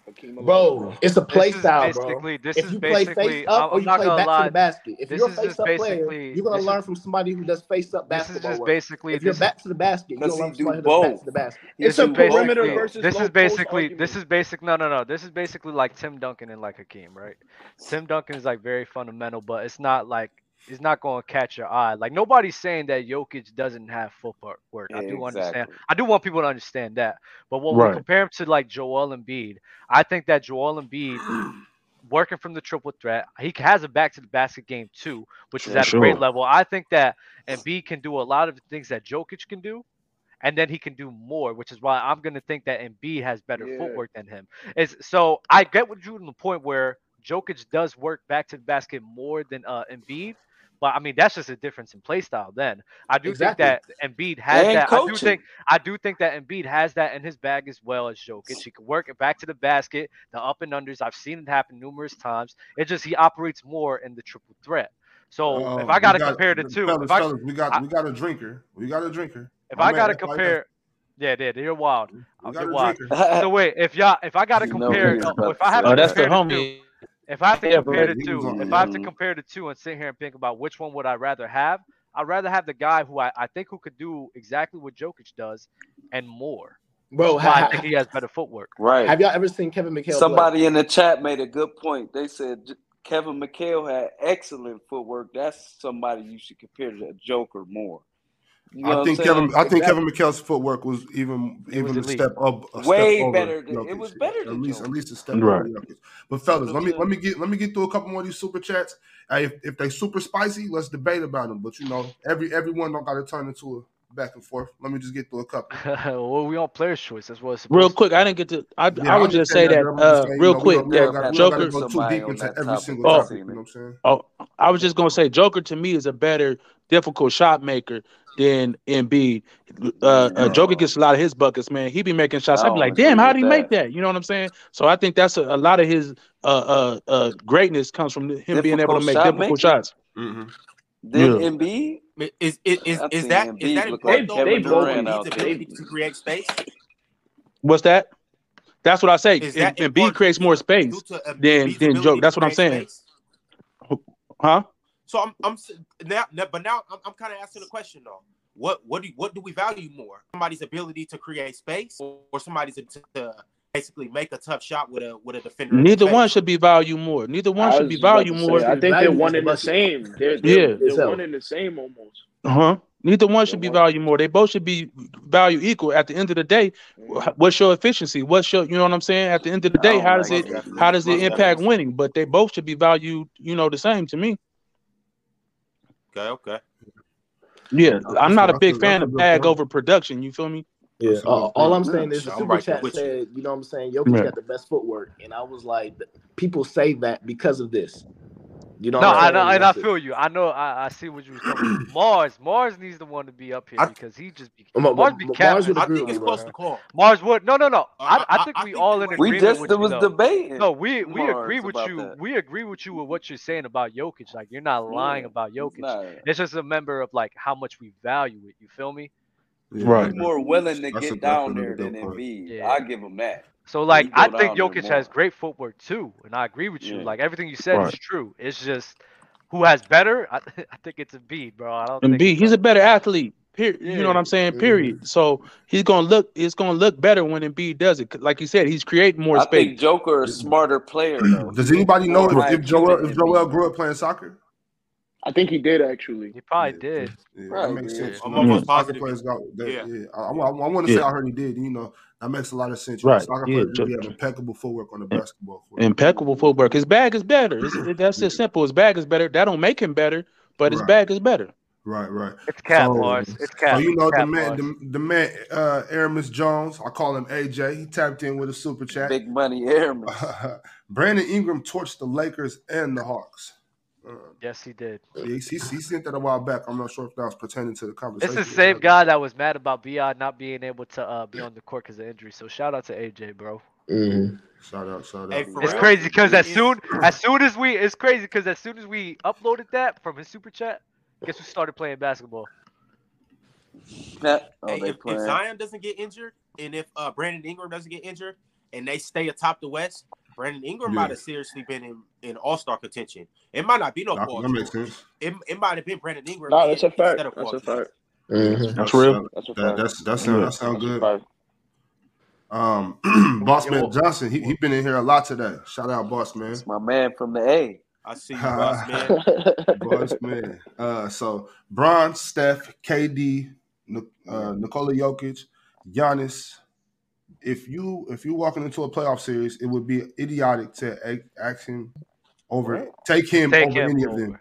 [SPEAKER 6] Hakeem
[SPEAKER 7] bro,
[SPEAKER 6] Olajuwon.
[SPEAKER 7] it's a play
[SPEAKER 1] this
[SPEAKER 7] style,
[SPEAKER 1] is
[SPEAKER 7] bro.
[SPEAKER 1] basically this
[SPEAKER 7] if
[SPEAKER 1] is
[SPEAKER 7] you play face
[SPEAKER 1] basically
[SPEAKER 7] up
[SPEAKER 1] I'm,
[SPEAKER 7] or
[SPEAKER 1] I'm
[SPEAKER 7] you
[SPEAKER 1] not
[SPEAKER 7] play
[SPEAKER 1] gonna
[SPEAKER 7] back
[SPEAKER 1] lie.
[SPEAKER 7] to the basket, if
[SPEAKER 1] this
[SPEAKER 7] you're a
[SPEAKER 1] is just
[SPEAKER 7] face up player,
[SPEAKER 1] basically-
[SPEAKER 7] you're gonna
[SPEAKER 1] this is-
[SPEAKER 7] learn from somebody who does face up
[SPEAKER 1] This is
[SPEAKER 7] basketball
[SPEAKER 1] just
[SPEAKER 7] work.
[SPEAKER 1] basically
[SPEAKER 7] if you're
[SPEAKER 1] this is-
[SPEAKER 7] back to the basket, you're
[SPEAKER 3] Because
[SPEAKER 7] gonna
[SPEAKER 3] he
[SPEAKER 7] learn from
[SPEAKER 3] do
[SPEAKER 7] somebody who does back
[SPEAKER 3] both.
[SPEAKER 7] to the basket.
[SPEAKER 3] He
[SPEAKER 6] It's
[SPEAKER 3] do
[SPEAKER 6] a perimeter
[SPEAKER 3] both, though.
[SPEAKER 6] versus
[SPEAKER 1] this
[SPEAKER 6] low
[SPEAKER 1] is
[SPEAKER 6] post
[SPEAKER 1] basically
[SPEAKER 6] argument.
[SPEAKER 1] this is basic no no no this is basically like Tim Duncan and like Hakeem right Tim Duncan is like very fundamental but it's not like it's not going to catch your eye like nobody's saying that Jokic doesn't have footwork work I do understand
[SPEAKER 3] Exactly.
[SPEAKER 1] I do want people to understand that but when
[SPEAKER 4] Right.
[SPEAKER 1] we compare him to like Joel Embiid I think that Joel Embiid working from the triple threat he has a back to the basket game too which is
[SPEAKER 4] For
[SPEAKER 1] at a great
[SPEAKER 4] sure.
[SPEAKER 1] level I think that Embiid can do a lot of the things that Jokic can do and then he can do more, which is why I'm going to think that Embiid has better
[SPEAKER 6] Yeah.
[SPEAKER 1] footwork than him. Is so I get with you to the point where Jokic does work back to the basket more than uh, Embiid, but I mean that's just a difference in play style. Then I do
[SPEAKER 7] Exactly.
[SPEAKER 1] think that Embiid has
[SPEAKER 3] And
[SPEAKER 1] that. I do
[SPEAKER 3] coaching.
[SPEAKER 1] think I do think that Embiid has that in his bag as well as Jokic. He can work it back to the basket, the up and unders. I've seen it happen numerous times. It's just he operates more in the triple threat. So
[SPEAKER 5] Uh,
[SPEAKER 1] if
[SPEAKER 5] we
[SPEAKER 1] I gotta compare the two,
[SPEAKER 5] fellas,
[SPEAKER 1] if I
[SPEAKER 5] fellas, we got
[SPEAKER 1] I-
[SPEAKER 5] we got a drinker. We got a drinker.
[SPEAKER 1] if I
[SPEAKER 5] My man,
[SPEAKER 1] gotta
[SPEAKER 5] that's why he
[SPEAKER 1] compare, yeah, yeah, you're wild.
[SPEAKER 5] We
[SPEAKER 1] Uh,
[SPEAKER 5] got
[SPEAKER 1] You're
[SPEAKER 5] a
[SPEAKER 1] wild.
[SPEAKER 5] drinker.
[SPEAKER 1] So wait, if y'all, if I gotta
[SPEAKER 3] You know
[SPEAKER 1] compare,
[SPEAKER 3] he is
[SPEAKER 1] uh,
[SPEAKER 3] about
[SPEAKER 1] if
[SPEAKER 3] to
[SPEAKER 1] I have
[SPEAKER 3] say
[SPEAKER 4] Oh,
[SPEAKER 1] to
[SPEAKER 4] that's
[SPEAKER 3] that.
[SPEAKER 4] the
[SPEAKER 1] compare the two,
[SPEAKER 4] homie.
[SPEAKER 1] if I have to
[SPEAKER 4] Yeah,
[SPEAKER 1] compare the
[SPEAKER 5] he was
[SPEAKER 1] two,
[SPEAKER 5] on uh,
[SPEAKER 1] if
[SPEAKER 5] that.
[SPEAKER 1] I have to compare the two and sit here and think about which one would I rather have, I'd rather have the guy who I, I think who could do exactly what Jokic does and more, which
[SPEAKER 7] Bro,
[SPEAKER 1] is why I
[SPEAKER 7] ha-
[SPEAKER 1] think he has better footwork.
[SPEAKER 3] Right.
[SPEAKER 7] have y'all ever seen Kevin McHale play?
[SPEAKER 3] Somebody in the chat made a good point. They said J- Kevin McHale had excellent footwork. That's somebody you should compare to a Joker more. You know
[SPEAKER 5] I think
[SPEAKER 3] what I'm saying?
[SPEAKER 5] Kevin. I
[SPEAKER 3] If
[SPEAKER 5] think
[SPEAKER 3] that-
[SPEAKER 5] Kevin McHale's footwork was even
[SPEAKER 1] It was
[SPEAKER 5] even a
[SPEAKER 1] elite.
[SPEAKER 5] step up, a
[SPEAKER 3] Way
[SPEAKER 5] step over.
[SPEAKER 3] better than- it
[SPEAKER 5] Jokic.
[SPEAKER 3] was better
[SPEAKER 5] At
[SPEAKER 3] than
[SPEAKER 5] least, at
[SPEAKER 3] Jokic.
[SPEAKER 5] least a step
[SPEAKER 4] Right.
[SPEAKER 5] over Jokic. But fellas,
[SPEAKER 3] You
[SPEAKER 5] let
[SPEAKER 3] know what
[SPEAKER 5] me
[SPEAKER 3] I'm
[SPEAKER 5] let me get let me get through a couple more of these super chats. Hey, if, if they super spicy, let's debate about them. But you know, every everyone don't got to turn into a back and forth. Let me just get through a couple.
[SPEAKER 1] well, we on player's choice. That's what it's
[SPEAKER 4] Real
[SPEAKER 1] supposed to.
[SPEAKER 4] quick, I didn't get to. I,
[SPEAKER 5] Yeah,
[SPEAKER 4] I
[SPEAKER 5] I
[SPEAKER 4] was just
[SPEAKER 5] understand
[SPEAKER 4] say
[SPEAKER 5] that,
[SPEAKER 4] that
[SPEAKER 5] bro. I'm just
[SPEAKER 4] uh,
[SPEAKER 5] saying, you
[SPEAKER 4] real
[SPEAKER 5] know, we
[SPEAKER 4] quick
[SPEAKER 5] don't we
[SPEAKER 3] Yeah,
[SPEAKER 5] don't
[SPEAKER 4] that
[SPEAKER 5] got
[SPEAKER 3] Pat,
[SPEAKER 5] we don't got to
[SPEAKER 4] Joker.
[SPEAKER 5] go
[SPEAKER 3] put
[SPEAKER 5] too
[SPEAKER 3] somebody
[SPEAKER 5] deep
[SPEAKER 3] on
[SPEAKER 5] into
[SPEAKER 3] that
[SPEAKER 5] every
[SPEAKER 3] topic.
[SPEAKER 5] single
[SPEAKER 3] I
[SPEAKER 4] Oh.
[SPEAKER 5] topic.
[SPEAKER 3] seen
[SPEAKER 5] You know
[SPEAKER 3] it.
[SPEAKER 5] what I'm saying?
[SPEAKER 4] Oh, I was just gonna say Joker to me is a better difficult shot maker than Embiid. Uh, uh Joker
[SPEAKER 3] No,
[SPEAKER 4] gets a lot of his buckets, man. He be making shots.
[SPEAKER 5] Oh,
[SPEAKER 3] I
[SPEAKER 4] I'd be
[SPEAKER 3] don't
[SPEAKER 4] like, damn,
[SPEAKER 3] agree
[SPEAKER 4] how would
[SPEAKER 3] with
[SPEAKER 4] he make
[SPEAKER 3] that.
[SPEAKER 4] that? You know what I'm saying? So I think that's a, a lot of his uh, uh uh greatness comes from him being able
[SPEAKER 3] Difficult
[SPEAKER 4] to make
[SPEAKER 3] shot
[SPEAKER 4] difficult
[SPEAKER 3] making
[SPEAKER 4] shots.
[SPEAKER 5] hmm
[SPEAKER 3] than
[SPEAKER 4] Yeah.
[SPEAKER 3] Embiid.
[SPEAKER 2] Is is is,
[SPEAKER 3] I
[SPEAKER 2] is
[SPEAKER 3] think
[SPEAKER 2] that is
[SPEAKER 3] Embiid
[SPEAKER 2] that in
[SPEAKER 3] look
[SPEAKER 2] part
[SPEAKER 3] like
[SPEAKER 6] They
[SPEAKER 2] though
[SPEAKER 6] they
[SPEAKER 3] Kevin
[SPEAKER 2] because
[SPEAKER 6] both
[SPEAKER 2] Embiid's
[SPEAKER 3] Durant out there.
[SPEAKER 6] they
[SPEAKER 2] ability to create space?
[SPEAKER 4] What's that? That's what I say.
[SPEAKER 2] Is
[SPEAKER 4] And
[SPEAKER 2] that in
[SPEAKER 4] Embiid
[SPEAKER 2] part
[SPEAKER 4] creates
[SPEAKER 2] due
[SPEAKER 4] more
[SPEAKER 2] to
[SPEAKER 4] space
[SPEAKER 2] due to Em-
[SPEAKER 4] than
[SPEAKER 2] Embiid's
[SPEAKER 4] than Joker.
[SPEAKER 2] ability to
[SPEAKER 4] That's what I'm
[SPEAKER 2] create
[SPEAKER 4] saying.
[SPEAKER 2] space?
[SPEAKER 4] Huh?
[SPEAKER 2] So I'm I'm s- now, now but now I'm, I'm kind of asking the question though. What what do what do we value more? Somebody's ability to create space, or, or somebody's to, to basically make a tough shot with a with a defender in his
[SPEAKER 4] Neither one
[SPEAKER 2] face.
[SPEAKER 4] should be valued more. Neither one
[SPEAKER 6] I
[SPEAKER 4] should be
[SPEAKER 6] was just about
[SPEAKER 4] valued
[SPEAKER 6] to
[SPEAKER 4] more.
[SPEAKER 6] say,
[SPEAKER 7] Should
[SPEAKER 6] I
[SPEAKER 7] be
[SPEAKER 6] think they're
[SPEAKER 7] valued as
[SPEAKER 6] one
[SPEAKER 7] a
[SPEAKER 6] in the
[SPEAKER 7] bucket
[SPEAKER 6] same. They're they're
[SPEAKER 4] Yeah.
[SPEAKER 6] they're
[SPEAKER 7] itself.
[SPEAKER 6] one in the same almost.
[SPEAKER 4] Uh-huh. Neither
[SPEAKER 3] They
[SPEAKER 4] one should be
[SPEAKER 3] want
[SPEAKER 4] valued more. They both should be valued equal. At the end of the day,
[SPEAKER 6] Mhm.
[SPEAKER 4] wh- what's your efficiency? What's your, you know what I'm saying? At the end of the
[SPEAKER 3] I
[SPEAKER 4] day,
[SPEAKER 3] don't
[SPEAKER 4] how does
[SPEAKER 3] like
[SPEAKER 2] Most
[SPEAKER 4] it,
[SPEAKER 2] definitely,
[SPEAKER 4] how
[SPEAKER 3] Embiid.
[SPEAKER 4] does it
[SPEAKER 2] most
[SPEAKER 4] impact
[SPEAKER 2] definitely.
[SPEAKER 4] winning? But they both should be valued, you know, the same to me.
[SPEAKER 2] Okay, okay.
[SPEAKER 4] Yeah,
[SPEAKER 5] I
[SPEAKER 4] I'm not
[SPEAKER 5] feel
[SPEAKER 4] a
[SPEAKER 5] I
[SPEAKER 4] big
[SPEAKER 5] feel that's
[SPEAKER 4] fan
[SPEAKER 5] a
[SPEAKER 4] of
[SPEAKER 5] good
[SPEAKER 4] bag
[SPEAKER 5] point.
[SPEAKER 4] over production. You feel me?
[SPEAKER 5] That's a
[SPEAKER 7] Yeah, uh,
[SPEAKER 5] good
[SPEAKER 7] all
[SPEAKER 5] point.
[SPEAKER 7] I'm saying is the
[SPEAKER 2] Yeah, I'm
[SPEAKER 7] super
[SPEAKER 2] right there
[SPEAKER 7] chat
[SPEAKER 2] with you.
[SPEAKER 7] said, you know what I'm saying, Jokic
[SPEAKER 4] Yeah.
[SPEAKER 7] got the best footwork. And I was like, people say that because of this. You know
[SPEAKER 1] No,
[SPEAKER 7] what I'm
[SPEAKER 1] I
[SPEAKER 7] saying?
[SPEAKER 1] know,
[SPEAKER 7] And
[SPEAKER 1] and I
[SPEAKER 7] that's it.
[SPEAKER 1] feel you. I know, I, I see what you was coming. Mars, Mars needs the one to be up here
[SPEAKER 5] I
[SPEAKER 1] because he just be
[SPEAKER 7] But-
[SPEAKER 1] Mars
[SPEAKER 7] but-
[SPEAKER 1] be
[SPEAKER 7] but Mars
[SPEAKER 1] capping
[SPEAKER 7] would
[SPEAKER 1] at
[SPEAKER 2] I
[SPEAKER 7] agree
[SPEAKER 1] this
[SPEAKER 2] think it's
[SPEAKER 7] with
[SPEAKER 1] point,
[SPEAKER 7] me,
[SPEAKER 2] close
[SPEAKER 7] bro.
[SPEAKER 1] man.
[SPEAKER 2] to call.
[SPEAKER 1] Mars would no, no, no. I,
[SPEAKER 2] I,
[SPEAKER 1] I
[SPEAKER 2] I,
[SPEAKER 1] think
[SPEAKER 2] I
[SPEAKER 1] we
[SPEAKER 2] think they
[SPEAKER 1] all in
[SPEAKER 2] went.
[SPEAKER 3] We
[SPEAKER 1] agreement
[SPEAKER 3] just
[SPEAKER 1] with you
[SPEAKER 3] was
[SPEAKER 1] though. No,
[SPEAKER 3] debating
[SPEAKER 1] we we agree
[SPEAKER 3] Mars
[SPEAKER 1] with
[SPEAKER 3] about
[SPEAKER 1] you.
[SPEAKER 3] that.
[SPEAKER 1] We agree with you with what you're saying about Jokic. Like you're not lying
[SPEAKER 3] Yeah,
[SPEAKER 1] about
[SPEAKER 3] it's
[SPEAKER 1] Jokic.
[SPEAKER 3] not.
[SPEAKER 1] It's just a member of like how much we value it. You feel me?
[SPEAKER 5] yeah,
[SPEAKER 4] Right.
[SPEAKER 3] He
[SPEAKER 5] that,
[SPEAKER 3] Mm-hmm. more willing to
[SPEAKER 5] that's a
[SPEAKER 3] get
[SPEAKER 5] that's
[SPEAKER 3] down
[SPEAKER 5] another
[SPEAKER 3] there than
[SPEAKER 5] good point.
[SPEAKER 3] Embiid.
[SPEAKER 1] Yeah.
[SPEAKER 3] I give him that.
[SPEAKER 1] So
[SPEAKER 3] He
[SPEAKER 1] like I
[SPEAKER 3] go
[SPEAKER 1] think
[SPEAKER 3] down there
[SPEAKER 1] Jokic has
[SPEAKER 3] more.
[SPEAKER 1] great footwork too, and I agree with you.
[SPEAKER 3] Yeah.
[SPEAKER 1] Like everything you said is
[SPEAKER 4] Right.
[SPEAKER 1] true. It's just who has better. I, I think it's a beat, bro. I don't
[SPEAKER 4] And
[SPEAKER 1] think
[SPEAKER 4] B,
[SPEAKER 1] it's
[SPEAKER 4] he's
[SPEAKER 1] like
[SPEAKER 4] a better athlete. Period. You know what
[SPEAKER 1] yeah.
[SPEAKER 4] I'm saying?
[SPEAKER 3] Mm-hmm.
[SPEAKER 5] hmm
[SPEAKER 4] Period. So he's gonna look. It's gonna look better when Embiid does it. 'Cause Like you said, he's creating more
[SPEAKER 3] I
[SPEAKER 4] space.
[SPEAKER 3] think Joker a smarter player though.
[SPEAKER 5] Does
[SPEAKER 3] He a
[SPEAKER 5] anybody know
[SPEAKER 3] more
[SPEAKER 5] if, if
[SPEAKER 3] IQ
[SPEAKER 5] Joel
[SPEAKER 3] than
[SPEAKER 5] if Joel
[SPEAKER 3] Embiid.
[SPEAKER 5] grew up playing soccer?
[SPEAKER 6] I think he did actually.
[SPEAKER 1] He
[SPEAKER 5] Yeah,
[SPEAKER 1] probably did.
[SPEAKER 5] yeah, that
[SPEAKER 3] Probably
[SPEAKER 5] makes
[SPEAKER 3] did.
[SPEAKER 5] sense.
[SPEAKER 2] I'm
[SPEAKER 5] You know,
[SPEAKER 4] Yeah.
[SPEAKER 2] almost
[SPEAKER 5] soccer
[SPEAKER 2] positive.
[SPEAKER 5] players got that.
[SPEAKER 2] Yeah,
[SPEAKER 5] Yeah, I,
[SPEAKER 2] yeah.
[SPEAKER 5] want to
[SPEAKER 4] Yeah.
[SPEAKER 5] say I heard he did. You know, That makes a lot of sense.
[SPEAKER 4] Right,
[SPEAKER 5] Soccer
[SPEAKER 4] yeah,
[SPEAKER 5] players really
[SPEAKER 4] just-
[SPEAKER 5] have impeccable footwork on the basketball court.
[SPEAKER 4] impeccable footwork. His bag is better. It's, it- that's just simple. His bag is better. That don't make him better, but his
[SPEAKER 5] Right.
[SPEAKER 4] bag is better.
[SPEAKER 5] Right, right.
[SPEAKER 1] It's cat
[SPEAKER 5] So-
[SPEAKER 1] Lars. It's cat.
[SPEAKER 5] So you know
[SPEAKER 1] It's
[SPEAKER 5] the
[SPEAKER 1] cat
[SPEAKER 5] man,
[SPEAKER 1] Lars.
[SPEAKER 5] the, the man, uh, Aramis Jones. I call him AJ. He tapped in with a super chat.
[SPEAKER 3] Big money airman.
[SPEAKER 5] Brandon Ingram torched the Lakers and the Hawks. Uh,
[SPEAKER 1] Yes, he did.
[SPEAKER 5] he, he, he sent that a while back. I'm not sure if that was pertaining to the
[SPEAKER 1] It's
[SPEAKER 5] conversation.
[SPEAKER 1] the same guy that was mad about Bi not being able to uh, be on the court because of injury. So shout out to AJ, bro.
[SPEAKER 8] Mm-hmm.
[SPEAKER 5] Shout out, shout out.
[SPEAKER 2] Hey, for
[SPEAKER 1] It's
[SPEAKER 2] real?
[SPEAKER 1] crazy because as
[SPEAKER 2] It's-
[SPEAKER 1] soon as soon as we it's crazy because as soon as we uploaded that from his super chat, guess who started playing basketball?
[SPEAKER 3] oh,
[SPEAKER 2] Hey,
[SPEAKER 3] they
[SPEAKER 2] if, if
[SPEAKER 3] playing.
[SPEAKER 2] Zion doesn't get injured, and if uh, Brandon Ingram doesn't get injured, and they stay atop the West, Brandon Ingram
[SPEAKER 5] Yeah.
[SPEAKER 2] might have seriously been in, in All Star contention. It might not be no
[SPEAKER 5] That,
[SPEAKER 2] Paul
[SPEAKER 5] that makes
[SPEAKER 2] George.
[SPEAKER 5] sense.
[SPEAKER 2] It, it might have been Brandon Ingram.
[SPEAKER 6] Nah, that's a
[SPEAKER 2] instead
[SPEAKER 6] fact.
[SPEAKER 2] of
[SPEAKER 6] That's
[SPEAKER 2] Paul
[SPEAKER 6] a
[SPEAKER 2] George.
[SPEAKER 6] fact.
[SPEAKER 5] That's
[SPEAKER 4] real.
[SPEAKER 5] sound-
[SPEAKER 6] That's a
[SPEAKER 5] That,
[SPEAKER 6] fact.
[SPEAKER 5] that's that sound
[SPEAKER 4] Yeah.
[SPEAKER 5] that sound
[SPEAKER 6] That's a
[SPEAKER 5] good.
[SPEAKER 6] fact.
[SPEAKER 5] Um, Boss Man Johnson, he, he been in here a lot today. Shout out, Boss Man.
[SPEAKER 3] It's my man from the A.
[SPEAKER 2] I see you, Russ, man.
[SPEAKER 5] Boss Man. Uh, so Bron, Steph, KD, Ni- uh, Nikola Jokic, Giannis. If you if you're walking into a playoff series, it would be idiotic to a- ask him over take him
[SPEAKER 1] Take
[SPEAKER 5] over
[SPEAKER 1] him
[SPEAKER 5] any of
[SPEAKER 1] over.
[SPEAKER 5] them.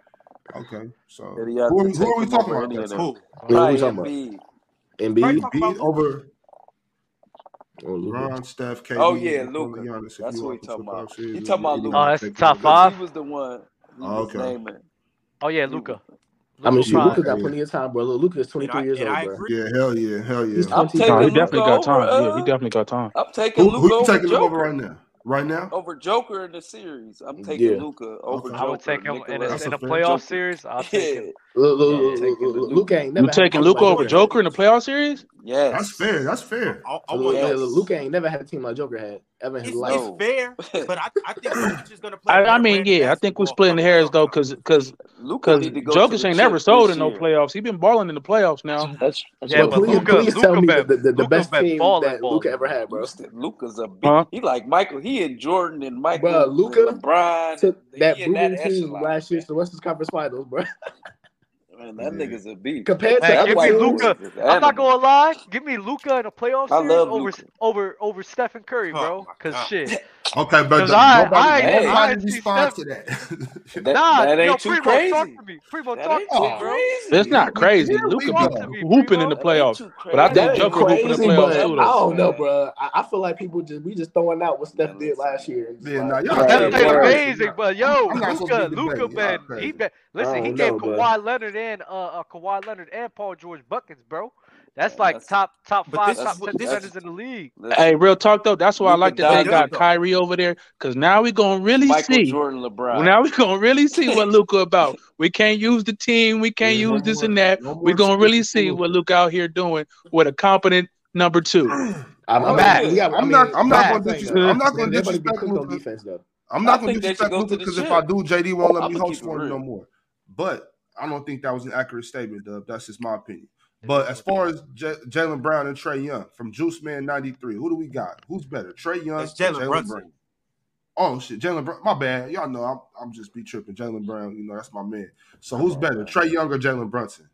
[SPEAKER 5] Okay, so who
[SPEAKER 3] Idiotic
[SPEAKER 5] are, we- who
[SPEAKER 3] to take
[SPEAKER 5] are we
[SPEAKER 3] him
[SPEAKER 5] talking
[SPEAKER 3] over
[SPEAKER 5] about?
[SPEAKER 3] any of
[SPEAKER 5] That's
[SPEAKER 3] them.
[SPEAKER 2] Who?
[SPEAKER 8] Yeah, what
[SPEAKER 3] Probably
[SPEAKER 8] we talking about?
[SPEAKER 3] Embiid.
[SPEAKER 2] Probably
[SPEAKER 8] Embiid?
[SPEAKER 2] talking
[SPEAKER 5] Embiid
[SPEAKER 2] about
[SPEAKER 5] over
[SPEAKER 8] Or Luka?
[SPEAKER 5] Bron, Steph, KD.
[SPEAKER 3] Oh, yeah,
[SPEAKER 5] Nikola
[SPEAKER 3] Luka.
[SPEAKER 5] Giannis, if
[SPEAKER 3] That's
[SPEAKER 5] you walk
[SPEAKER 3] who
[SPEAKER 5] into
[SPEAKER 3] he
[SPEAKER 5] a
[SPEAKER 3] talking about.
[SPEAKER 5] playoff series,
[SPEAKER 3] He
[SPEAKER 5] it would
[SPEAKER 3] talking
[SPEAKER 5] be
[SPEAKER 3] about
[SPEAKER 1] Oh,
[SPEAKER 5] idiotic
[SPEAKER 3] Luka.
[SPEAKER 5] to
[SPEAKER 1] that's
[SPEAKER 5] take him
[SPEAKER 1] top
[SPEAKER 5] over.
[SPEAKER 1] five.
[SPEAKER 3] He was the one. He
[SPEAKER 5] Oh,
[SPEAKER 3] was
[SPEAKER 5] okay.
[SPEAKER 3] naming.
[SPEAKER 1] Oh yeah,
[SPEAKER 3] He
[SPEAKER 1] Luca.
[SPEAKER 7] I mean,
[SPEAKER 1] Luka
[SPEAKER 7] shoot, Luca
[SPEAKER 1] five.
[SPEAKER 5] Yeah.
[SPEAKER 7] got plenty of time, bro. Luca is
[SPEAKER 2] and
[SPEAKER 7] 23
[SPEAKER 2] I,
[SPEAKER 7] years
[SPEAKER 2] and
[SPEAKER 7] old,
[SPEAKER 2] I
[SPEAKER 7] bro.
[SPEAKER 2] agree.
[SPEAKER 5] Yeah, hell yeah, hell yeah.
[SPEAKER 7] He's
[SPEAKER 3] I'm
[SPEAKER 7] 23
[SPEAKER 4] No, he
[SPEAKER 7] years
[SPEAKER 3] taking
[SPEAKER 7] old.
[SPEAKER 4] definitely
[SPEAKER 3] Luca
[SPEAKER 4] got
[SPEAKER 3] over.
[SPEAKER 4] time. Yeah, he
[SPEAKER 3] Uh,
[SPEAKER 4] definitely got time.
[SPEAKER 3] I'm taking
[SPEAKER 5] Who, who
[SPEAKER 3] Luca
[SPEAKER 5] you
[SPEAKER 3] over
[SPEAKER 5] taking him over
[SPEAKER 3] Joker. Oh,
[SPEAKER 5] right now? Right now?
[SPEAKER 3] Over Joker in the series. I'm taking
[SPEAKER 7] Yeah.
[SPEAKER 3] Luca over
[SPEAKER 5] Okay.
[SPEAKER 1] I
[SPEAKER 3] Joker.
[SPEAKER 1] would take him in a,
[SPEAKER 5] That's a
[SPEAKER 3] Nikola
[SPEAKER 1] in a
[SPEAKER 5] fair-
[SPEAKER 1] playoff
[SPEAKER 3] Joker.
[SPEAKER 1] series. I'll take
[SPEAKER 3] Yeah.
[SPEAKER 1] him.
[SPEAKER 3] I'm taking the Luca.
[SPEAKER 7] Luca ain't never
[SPEAKER 4] You
[SPEAKER 7] had a
[SPEAKER 4] taking
[SPEAKER 7] team like
[SPEAKER 4] Luca over
[SPEAKER 7] Joker had.
[SPEAKER 4] Joker in the playoff series?
[SPEAKER 3] Yes.
[SPEAKER 5] That's fair. That's fair.
[SPEAKER 2] I, I want
[SPEAKER 3] Yes.
[SPEAKER 2] yo.
[SPEAKER 7] Luca ain't never had a team like Joker had ever in his
[SPEAKER 2] It's,
[SPEAKER 7] life.
[SPEAKER 2] it's
[SPEAKER 3] No.
[SPEAKER 2] fair, but I, I think Jokic is gonna play.
[SPEAKER 4] I, I
[SPEAKER 2] better
[SPEAKER 4] mean,
[SPEAKER 2] brand of
[SPEAKER 4] yeah, I think we're
[SPEAKER 2] basketball
[SPEAKER 4] splitting
[SPEAKER 2] come
[SPEAKER 4] hairs
[SPEAKER 2] playoff
[SPEAKER 4] though,
[SPEAKER 2] time.
[SPEAKER 4] because because
[SPEAKER 3] Luca
[SPEAKER 4] because
[SPEAKER 3] need to go to
[SPEAKER 4] Jokic
[SPEAKER 3] the
[SPEAKER 4] ain't never
[SPEAKER 3] chip
[SPEAKER 4] sold
[SPEAKER 3] this
[SPEAKER 4] in no
[SPEAKER 3] year.
[SPEAKER 4] playoffs. He been balling in the playoffs now.
[SPEAKER 6] That's that's
[SPEAKER 1] Yeah,
[SPEAKER 6] what
[SPEAKER 1] but
[SPEAKER 6] I'm
[SPEAKER 7] Bro, please,
[SPEAKER 6] saying.
[SPEAKER 1] Luca,
[SPEAKER 7] please tell
[SPEAKER 1] Luca
[SPEAKER 7] me the,
[SPEAKER 1] been
[SPEAKER 7] the, the, the
[SPEAKER 1] Luca
[SPEAKER 7] best
[SPEAKER 1] been
[SPEAKER 7] team
[SPEAKER 1] balling,
[SPEAKER 7] that Luca
[SPEAKER 1] balling,
[SPEAKER 7] ever
[SPEAKER 1] bro.
[SPEAKER 7] had, bro.
[SPEAKER 3] Luca's a big.
[SPEAKER 4] Huh?
[SPEAKER 3] He like Michael. He and Jordan and Michael
[SPEAKER 7] Bro, Luka
[SPEAKER 3] and LeBron.
[SPEAKER 7] Took
[SPEAKER 3] and
[SPEAKER 7] that
[SPEAKER 3] he in that
[SPEAKER 7] brutal team
[SPEAKER 3] echelon.
[SPEAKER 7] last year to the Western Conference Finals, bro.
[SPEAKER 3] Man, that
[SPEAKER 5] Yeah.
[SPEAKER 3] nigga's a beast.
[SPEAKER 7] Compared to
[SPEAKER 1] Man,
[SPEAKER 3] That
[SPEAKER 1] give
[SPEAKER 7] other
[SPEAKER 1] me
[SPEAKER 3] white
[SPEAKER 7] teams,
[SPEAKER 3] boy
[SPEAKER 1] Luca.
[SPEAKER 3] is an
[SPEAKER 1] I'm not
[SPEAKER 3] animal.
[SPEAKER 1] gonna lie. Give me Luca in a playoff
[SPEAKER 3] I
[SPEAKER 1] series
[SPEAKER 3] love
[SPEAKER 1] over
[SPEAKER 3] Luka.
[SPEAKER 1] over over Stephen Curry,
[SPEAKER 2] Oh,
[SPEAKER 1] bro.
[SPEAKER 2] my
[SPEAKER 1] Cause
[SPEAKER 2] God.
[SPEAKER 1] shit.
[SPEAKER 5] Okay, but
[SPEAKER 1] Cause
[SPEAKER 5] the,
[SPEAKER 1] I
[SPEAKER 5] nobody
[SPEAKER 1] I ain't- I
[SPEAKER 5] nobody
[SPEAKER 1] ain't see
[SPEAKER 5] responds
[SPEAKER 1] Steph.
[SPEAKER 5] to that.
[SPEAKER 3] That,
[SPEAKER 1] Nah,
[SPEAKER 3] that
[SPEAKER 1] yo,
[SPEAKER 3] ain't too
[SPEAKER 1] Primo, talk
[SPEAKER 3] crazy.
[SPEAKER 1] to me. Primo,
[SPEAKER 3] That
[SPEAKER 1] talk
[SPEAKER 3] ain't
[SPEAKER 1] to me,
[SPEAKER 3] too
[SPEAKER 5] oh,
[SPEAKER 1] bro.
[SPEAKER 4] It's
[SPEAKER 3] crazy.
[SPEAKER 5] here
[SPEAKER 4] not
[SPEAKER 5] we,
[SPEAKER 4] crazy.
[SPEAKER 5] here we
[SPEAKER 4] Luca
[SPEAKER 1] Talk
[SPEAKER 4] been
[SPEAKER 1] to
[SPEAKER 5] go.
[SPEAKER 1] me,
[SPEAKER 4] hooping in
[SPEAKER 1] Primo.
[SPEAKER 4] the
[SPEAKER 3] That ain't
[SPEAKER 4] playoffs,
[SPEAKER 3] too
[SPEAKER 4] but I
[SPEAKER 3] crazy.
[SPEAKER 4] think
[SPEAKER 7] that ain't
[SPEAKER 4] Joker hoop in the
[SPEAKER 7] crazy,
[SPEAKER 4] playoffs
[SPEAKER 7] but
[SPEAKER 4] too
[SPEAKER 7] I
[SPEAKER 4] though.
[SPEAKER 1] Nuggets,
[SPEAKER 7] don't know,
[SPEAKER 1] man.
[SPEAKER 7] bro. I, I feel like people just we just throwing out what Steph
[SPEAKER 3] Man,
[SPEAKER 7] did
[SPEAKER 3] listen,
[SPEAKER 7] last
[SPEAKER 3] man.
[SPEAKER 7] year. It's
[SPEAKER 5] Yeah,
[SPEAKER 7] like,
[SPEAKER 5] now y'all
[SPEAKER 1] Steph
[SPEAKER 7] bro,
[SPEAKER 5] crazy.
[SPEAKER 1] played
[SPEAKER 5] Y'all
[SPEAKER 7] bro,
[SPEAKER 5] crazy.
[SPEAKER 1] amazing, but yo,
[SPEAKER 5] I'm not supposed to
[SPEAKER 1] Luca,
[SPEAKER 5] be
[SPEAKER 1] Luca
[SPEAKER 5] debating. Y'all
[SPEAKER 1] been he
[SPEAKER 5] crazy.
[SPEAKER 1] been
[SPEAKER 7] I
[SPEAKER 1] listen, he
[SPEAKER 7] don't
[SPEAKER 1] gave
[SPEAKER 7] know, bro.
[SPEAKER 1] Kawhi Leonard and uh, uh Kawhi Leonard and Paul George buckets, bro. That's
[SPEAKER 3] man,
[SPEAKER 1] like
[SPEAKER 3] that's
[SPEAKER 1] top top
[SPEAKER 2] But
[SPEAKER 1] five,
[SPEAKER 2] this is
[SPEAKER 1] top
[SPEAKER 3] that's
[SPEAKER 2] what
[SPEAKER 1] ten
[SPEAKER 2] this is.
[SPEAKER 3] that's
[SPEAKER 1] centers in the league.
[SPEAKER 4] Hey,
[SPEAKER 3] listen.
[SPEAKER 4] real talk though. That's why I
[SPEAKER 3] Luca
[SPEAKER 4] like that they
[SPEAKER 2] But
[SPEAKER 3] dominated.
[SPEAKER 2] yo,
[SPEAKER 4] got
[SPEAKER 2] though,
[SPEAKER 4] Kyrie over there, cause now we gonna really
[SPEAKER 3] Michael
[SPEAKER 4] see.
[SPEAKER 3] Jordan,
[SPEAKER 4] Well,
[SPEAKER 3] LeBron.
[SPEAKER 4] now we gonna really see what Luca about. We can't use the team. We can't
[SPEAKER 5] Yeah, no
[SPEAKER 4] use this and
[SPEAKER 5] more,
[SPEAKER 4] that.
[SPEAKER 5] no
[SPEAKER 4] We
[SPEAKER 5] more
[SPEAKER 4] gonna really
[SPEAKER 5] excuses for
[SPEAKER 4] see what
[SPEAKER 5] Luca.
[SPEAKER 4] Luca out here doing with a competent number two.
[SPEAKER 7] I, I
[SPEAKER 5] I'm
[SPEAKER 7] mean,
[SPEAKER 5] not.
[SPEAKER 7] we,
[SPEAKER 3] Facts.
[SPEAKER 7] we got. I
[SPEAKER 5] I'm not.
[SPEAKER 7] mean,
[SPEAKER 5] I'm not
[SPEAKER 7] that's
[SPEAKER 5] going to
[SPEAKER 7] the thing,
[SPEAKER 5] disrespect.
[SPEAKER 7] though.
[SPEAKER 5] I'm not
[SPEAKER 7] They,
[SPEAKER 5] going to
[SPEAKER 7] they're going to be
[SPEAKER 5] disrespect
[SPEAKER 7] cooked on
[SPEAKER 5] Luca.
[SPEAKER 7] defense, though.
[SPEAKER 5] I'm
[SPEAKER 3] I
[SPEAKER 5] not going to
[SPEAKER 3] think they should
[SPEAKER 5] disrespect
[SPEAKER 3] go to
[SPEAKER 5] Luca
[SPEAKER 3] the
[SPEAKER 5] because if I
[SPEAKER 3] chip.
[SPEAKER 5] do, JD won't let me
[SPEAKER 3] I'ma keep
[SPEAKER 5] host
[SPEAKER 3] it
[SPEAKER 5] for him no
[SPEAKER 3] real.
[SPEAKER 5] more. But I don't think that was an accurate statement, Dub. That's just my opinion.
[SPEAKER 1] It
[SPEAKER 5] But
[SPEAKER 1] is
[SPEAKER 5] as
[SPEAKER 1] what it
[SPEAKER 5] far
[SPEAKER 1] is.
[SPEAKER 5] as J- Jalen Brown and Trey Young from Juice Man '93, who do we got? Who's better, Trey Young
[SPEAKER 2] that's
[SPEAKER 5] or
[SPEAKER 2] Jalen
[SPEAKER 5] Jalen
[SPEAKER 2] Brunson.
[SPEAKER 5] Brown? Oh shit, Jalen Brown. My bad. Y'all know I'm, I'm just be tripping. Jalen Brown, you know that's my man. So
[SPEAKER 3] Come
[SPEAKER 5] who's
[SPEAKER 3] on,
[SPEAKER 5] better,
[SPEAKER 3] man.
[SPEAKER 5] Trey Young or Jalen Brunson?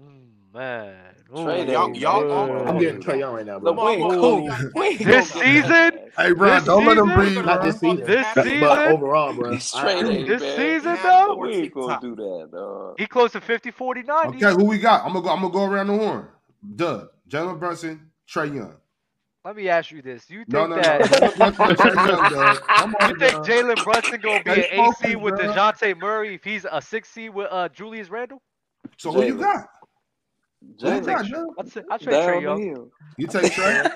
[SPEAKER 1] Mm, man.
[SPEAKER 3] Trey
[SPEAKER 2] Y'all,
[SPEAKER 1] Ooh,
[SPEAKER 3] didn't
[SPEAKER 2] y'all
[SPEAKER 3] got
[SPEAKER 2] all
[SPEAKER 7] I'm
[SPEAKER 2] going.
[SPEAKER 7] getting
[SPEAKER 1] word.
[SPEAKER 7] Trey
[SPEAKER 2] Y'all,
[SPEAKER 7] Young right now,
[SPEAKER 3] Look,
[SPEAKER 7] bro.
[SPEAKER 2] Lamar,
[SPEAKER 3] we ain't
[SPEAKER 2] all
[SPEAKER 3] cool.
[SPEAKER 2] all
[SPEAKER 1] Ooh.
[SPEAKER 2] y'all
[SPEAKER 3] We
[SPEAKER 2] cats
[SPEAKER 3] ain't
[SPEAKER 2] is gonna.
[SPEAKER 1] This season?
[SPEAKER 3] gonna let that pass.
[SPEAKER 5] Hey, Ron,
[SPEAKER 1] This
[SPEAKER 5] don't let him
[SPEAKER 1] season?
[SPEAKER 7] Not
[SPEAKER 5] breathe,
[SPEAKER 7] this
[SPEAKER 2] Gonna all
[SPEAKER 5] Ron.
[SPEAKER 7] season,
[SPEAKER 2] the
[SPEAKER 1] This
[SPEAKER 2] cats is
[SPEAKER 7] but
[SPEAKER 2] gonna
[SPEAKER 1] season?
[SPEAKER 7] overall, bro,
[SPEAKER 3] This
[SPEAKER 7] I,
[SPEAKER 3] Trey
[SPEAKER 7] I
[SPEAKER 3] ain't
[SPEAKER 1] This
[SPEAKER 3] bad.
[SPEAKER 1] season
[SPEAKER 2] have
[SPEAKER 1] though?
[SPEAKER 2] more
[SPEAKER 3] We ain't gonna
[SPEAKER 2] TikTok.
[SPEAKER 3] do that, dog.
[SPEAKER 1] He close to 50, 40, 90.
[SPEAKER 5] Okay, who we got? I'm gonna go. I'm gonna go around the horn. Dub, Jalen Brunson, Trey Young.
[SPEAKER 1] Let me ask you this. You
[SPEAKER 5] No,
[SPEAKER 1] think
[SPEAKER 5] no, no.
[SPEAKER 1] that
[SPEAKER 5] Jalen Brunson and Trey Young, Dub. Come
[SPEAKER 1] You
[SPEAKER 5] on,
[SPEAKER 1] think
[SPEAKER 5] Dub.
[SPEAKER 1] Jalen Brunson gonna be
[SPEAKER 5] Stay
[SPEAKER 1] an A
[SPEAKER 5] focused,
[SPEAKER 1] C with
[SPEAKER 5] bro.
[SPEAKER 1] DeJounte Murray if he's a six C with uh, Julius Randle?
[SPEAKER 5] So who you
[SPEAKER 3] Jalen.
[SPEAKER 5] got? Who
[SPEAKER 1] I
[SPEAKER 5] you
[SPEAKER 1] take
[SPEAKER 5] got,
[SPEAKER 3] Jalen.
[SPEAKER 5] Dub?
[SPEAKER 1] I'd say, I'd trade Trey
[SPEAKER 3] Down the
[SPEAKER 1] Young.
[SPEAKER 3] hill.
[SPEAKER 5] You take Trey,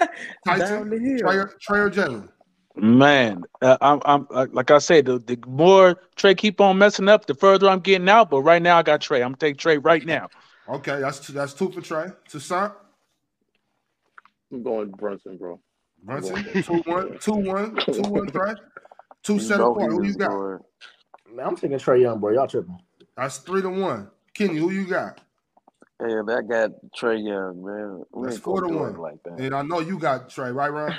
[SPEAKER 5] Tyson,
[SPEAKER 3] down the
[SPEAKER 5] Trey,
[SPEAKER 3] hill.
[SPEAKER 5] Trey or Jalen?
[SPEAKER 4] Man, uh, I'm, I'm uh, like I said, the, the more Trey keep on messing up, the further I'm getting out. But right now, I got Trey. I'm gonna take Trey right now.
[SPEAKER 5] Okay, that's two, that's two for Trey. Toussaint,
[SPEAKER 6] I'm going Brunson, bro. I'm going
[SPEAKER 5] Brunson,
[SPEAKER 6] Brunson.
[SPEAKER 5] two one, two one, two one, Trey. Two
[SPEAKER 3] You
[SPEAKER 5] set
[SPEAKER 3] know
[SPEAKER 5] apart.
[SPEAKER 3] he
[SPEAKER 5] Who you
[SPEAKER 3] was
[SPEAKER 5] got?
[SPEAKER 3] going.
[SPEAKER 7] man, I'm taking Trey Young, bro. Y'all tripping?
[SPEAKER 5] That's three to one. Kenny, who you got?
[SPEAKER 3] Yeah, that got Trey Young, man. We
[SPEAKER 5] That's
[SPEAKER 3] ain't
[SPEAKER 5] four
[SPEAKER 3] gonna
[SPEAKER 5] to
[SPEAKER 3] do him
[SPEAKER 5] one.
[SPEAKER 3] like that.
[SPEAKER 5] And I know you got Trey, right, Ron?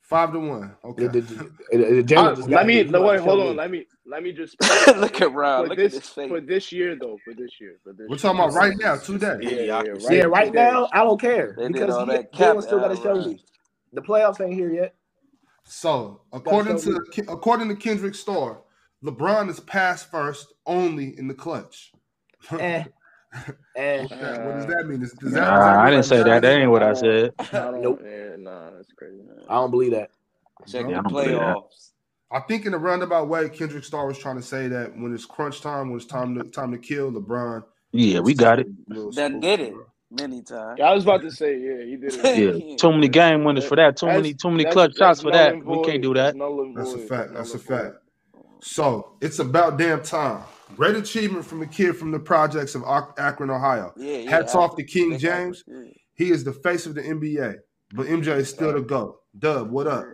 [SPEAKER 5] Five to one. Okay.
[SPEAKER 7] The- the Jalen just
[SPEAKER 6] let
[SPEAKER 7] gotta
[SPEAKER 6] me
[SPEAKER 7] get- he
[SPEAKER 6] no,
[SPEAKER 7] about
[SPEAKER 6] wait,
[SPEAKER 7] to
[SPEAKER 6] hold on.
[SPEAKER 7] kill me.
[SPEAKER 6] Let me let me just
[SPEAKER 3] look at Ron.
[SPEAKER 6] For
[SPEAKER 3] Look
[SPEAKER 6] this,
[SPEAKER 3] at his face.
[SPEAKER 6] for this year though. For this year. For this.
[SPEAKER 5] We're talking about right now, today.
[SPEAKER 6] Yeah, yeah, right,
[SPEAKER 7] yeah, right
[SPEAKER 6] today.
[SPEAKER 7] now I don't care
[SPEAKER 3] They did
[SPEAKER 7] because
[SPEAKER 3] all
[SPEAKER 7] he,
[SPEAKER 3] that cap
[SPEAKER 7] Jalen still got to
[SPEAKER 3] out,
[SPEAKER 7] show
[SPEAKER 3] Ron.
[SPEAKER 7] me. The playoffs ain't here yet.
[SPEAKER 5] So according
[SPEAKER 7] show
[SPEAKER 5] to according to Kendrick Starr, LeBron is pass first only in the clutch.
[SPEAKER 7] Eh, eh.
[SPEAKER 5] What that- what does that mean? Is, does that- does that
[SPEAKER 4] Nah, I
[SPEAKER 5] mean
[SPEAKER 4] didn't say that. That ain't what I said.
[SPEAKER 6] I don't.
[SPEAKER 7] Nope.
[SPEAKER 6] Yeah, nah, that's crazy.
[SPEAKER 7] I don't believe that.
[SPEAKER 3] Check
[SPEAKER 5] Yeah,
[SPEAKER 4] I
[SPEAKER 3] the
[SPEAKER 4] don't believe that.
[SPEAKER 3] playoffs.
[SPEAKER 5] I think in a roundabout way, Kendrick Starr was trying to say that when it's crunch time, when it's time to time to kill, LeBron.
[SPEAKER 4] Yeah, we got it.
[SPEAKER 5] Little
[SPEAKER 3] That
[SPEAKER 5] spook.
[SPEAKER 3] did it many times.
[SPEAKER 6] Yeah, I was about to say, yeah, he did it.
[SPEAKER 4] Yeah, too many game winners for that. Too
[SPEAKER 6] That's-
[SPEAKER 4] many, too many
[SPEAKER 6] that's-
[SPEAKER 4] clutch
[SPEAKER 6] that's
[SPEAKER 4] shots for
[SPEAKER 6] null
[SPEAKER 4] that.
[SPEAKER 6] and
[SPEAKER 4] We can't
[SPEAKER 6] void.
[SPEAKER 4] do
[SPEAKER 6] That's
[SPEAKER 4] that.
[SPEAKER 6] null and
[SPEAKER 5] That's a
[SPEAKER 6] void.
[SPEAKER 5] fact.
[SPEAKER 6] null
[SPEAKER 5] That's a
[SPEAKER 6] and void.
[SPEAKER 5] fact. So it's about damn time. Great achievement from a kid from the projects of Ac- Akron, Ohio.
[SPEAKER 3] Yeah, yeah.
[SPEAKER 5] Hats
[SPEAKER 3] I-
[SPEAKER 5] off to King
[SPEAKER 3] they got-
[SPEAKER 5] James.
[SPEAKER 3] yeah.
[SPEAKER 5] He is the face of the NBA, but MJ is still to go. Dub, what up?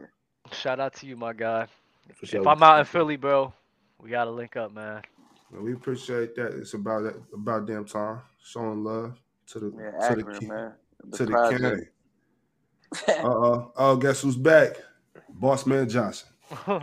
[SPEAKER 1] Shout out to you, my guy.
[SPEAKER 7] For sure.
[SPEAKER 1] If I'm out in Philly, bro, we gotta link up, man.
[SPEAKER 5] Well, we appreciate that. It's about that about damn time. Showing love to the
[SPEAKER 3] Yeah,
[SPEAKER 5] to the
[SPEAKER 3] Akron,
[SPEAKER 5] ki-
[SPEAKER 3] man.
[SPEAKER 5] to the
[SPEAKER 3] project.
[SPEAKER 5] county. Uh oh. Oh, guess who's back? Boss man Johnson.
[SPEAKER 3] I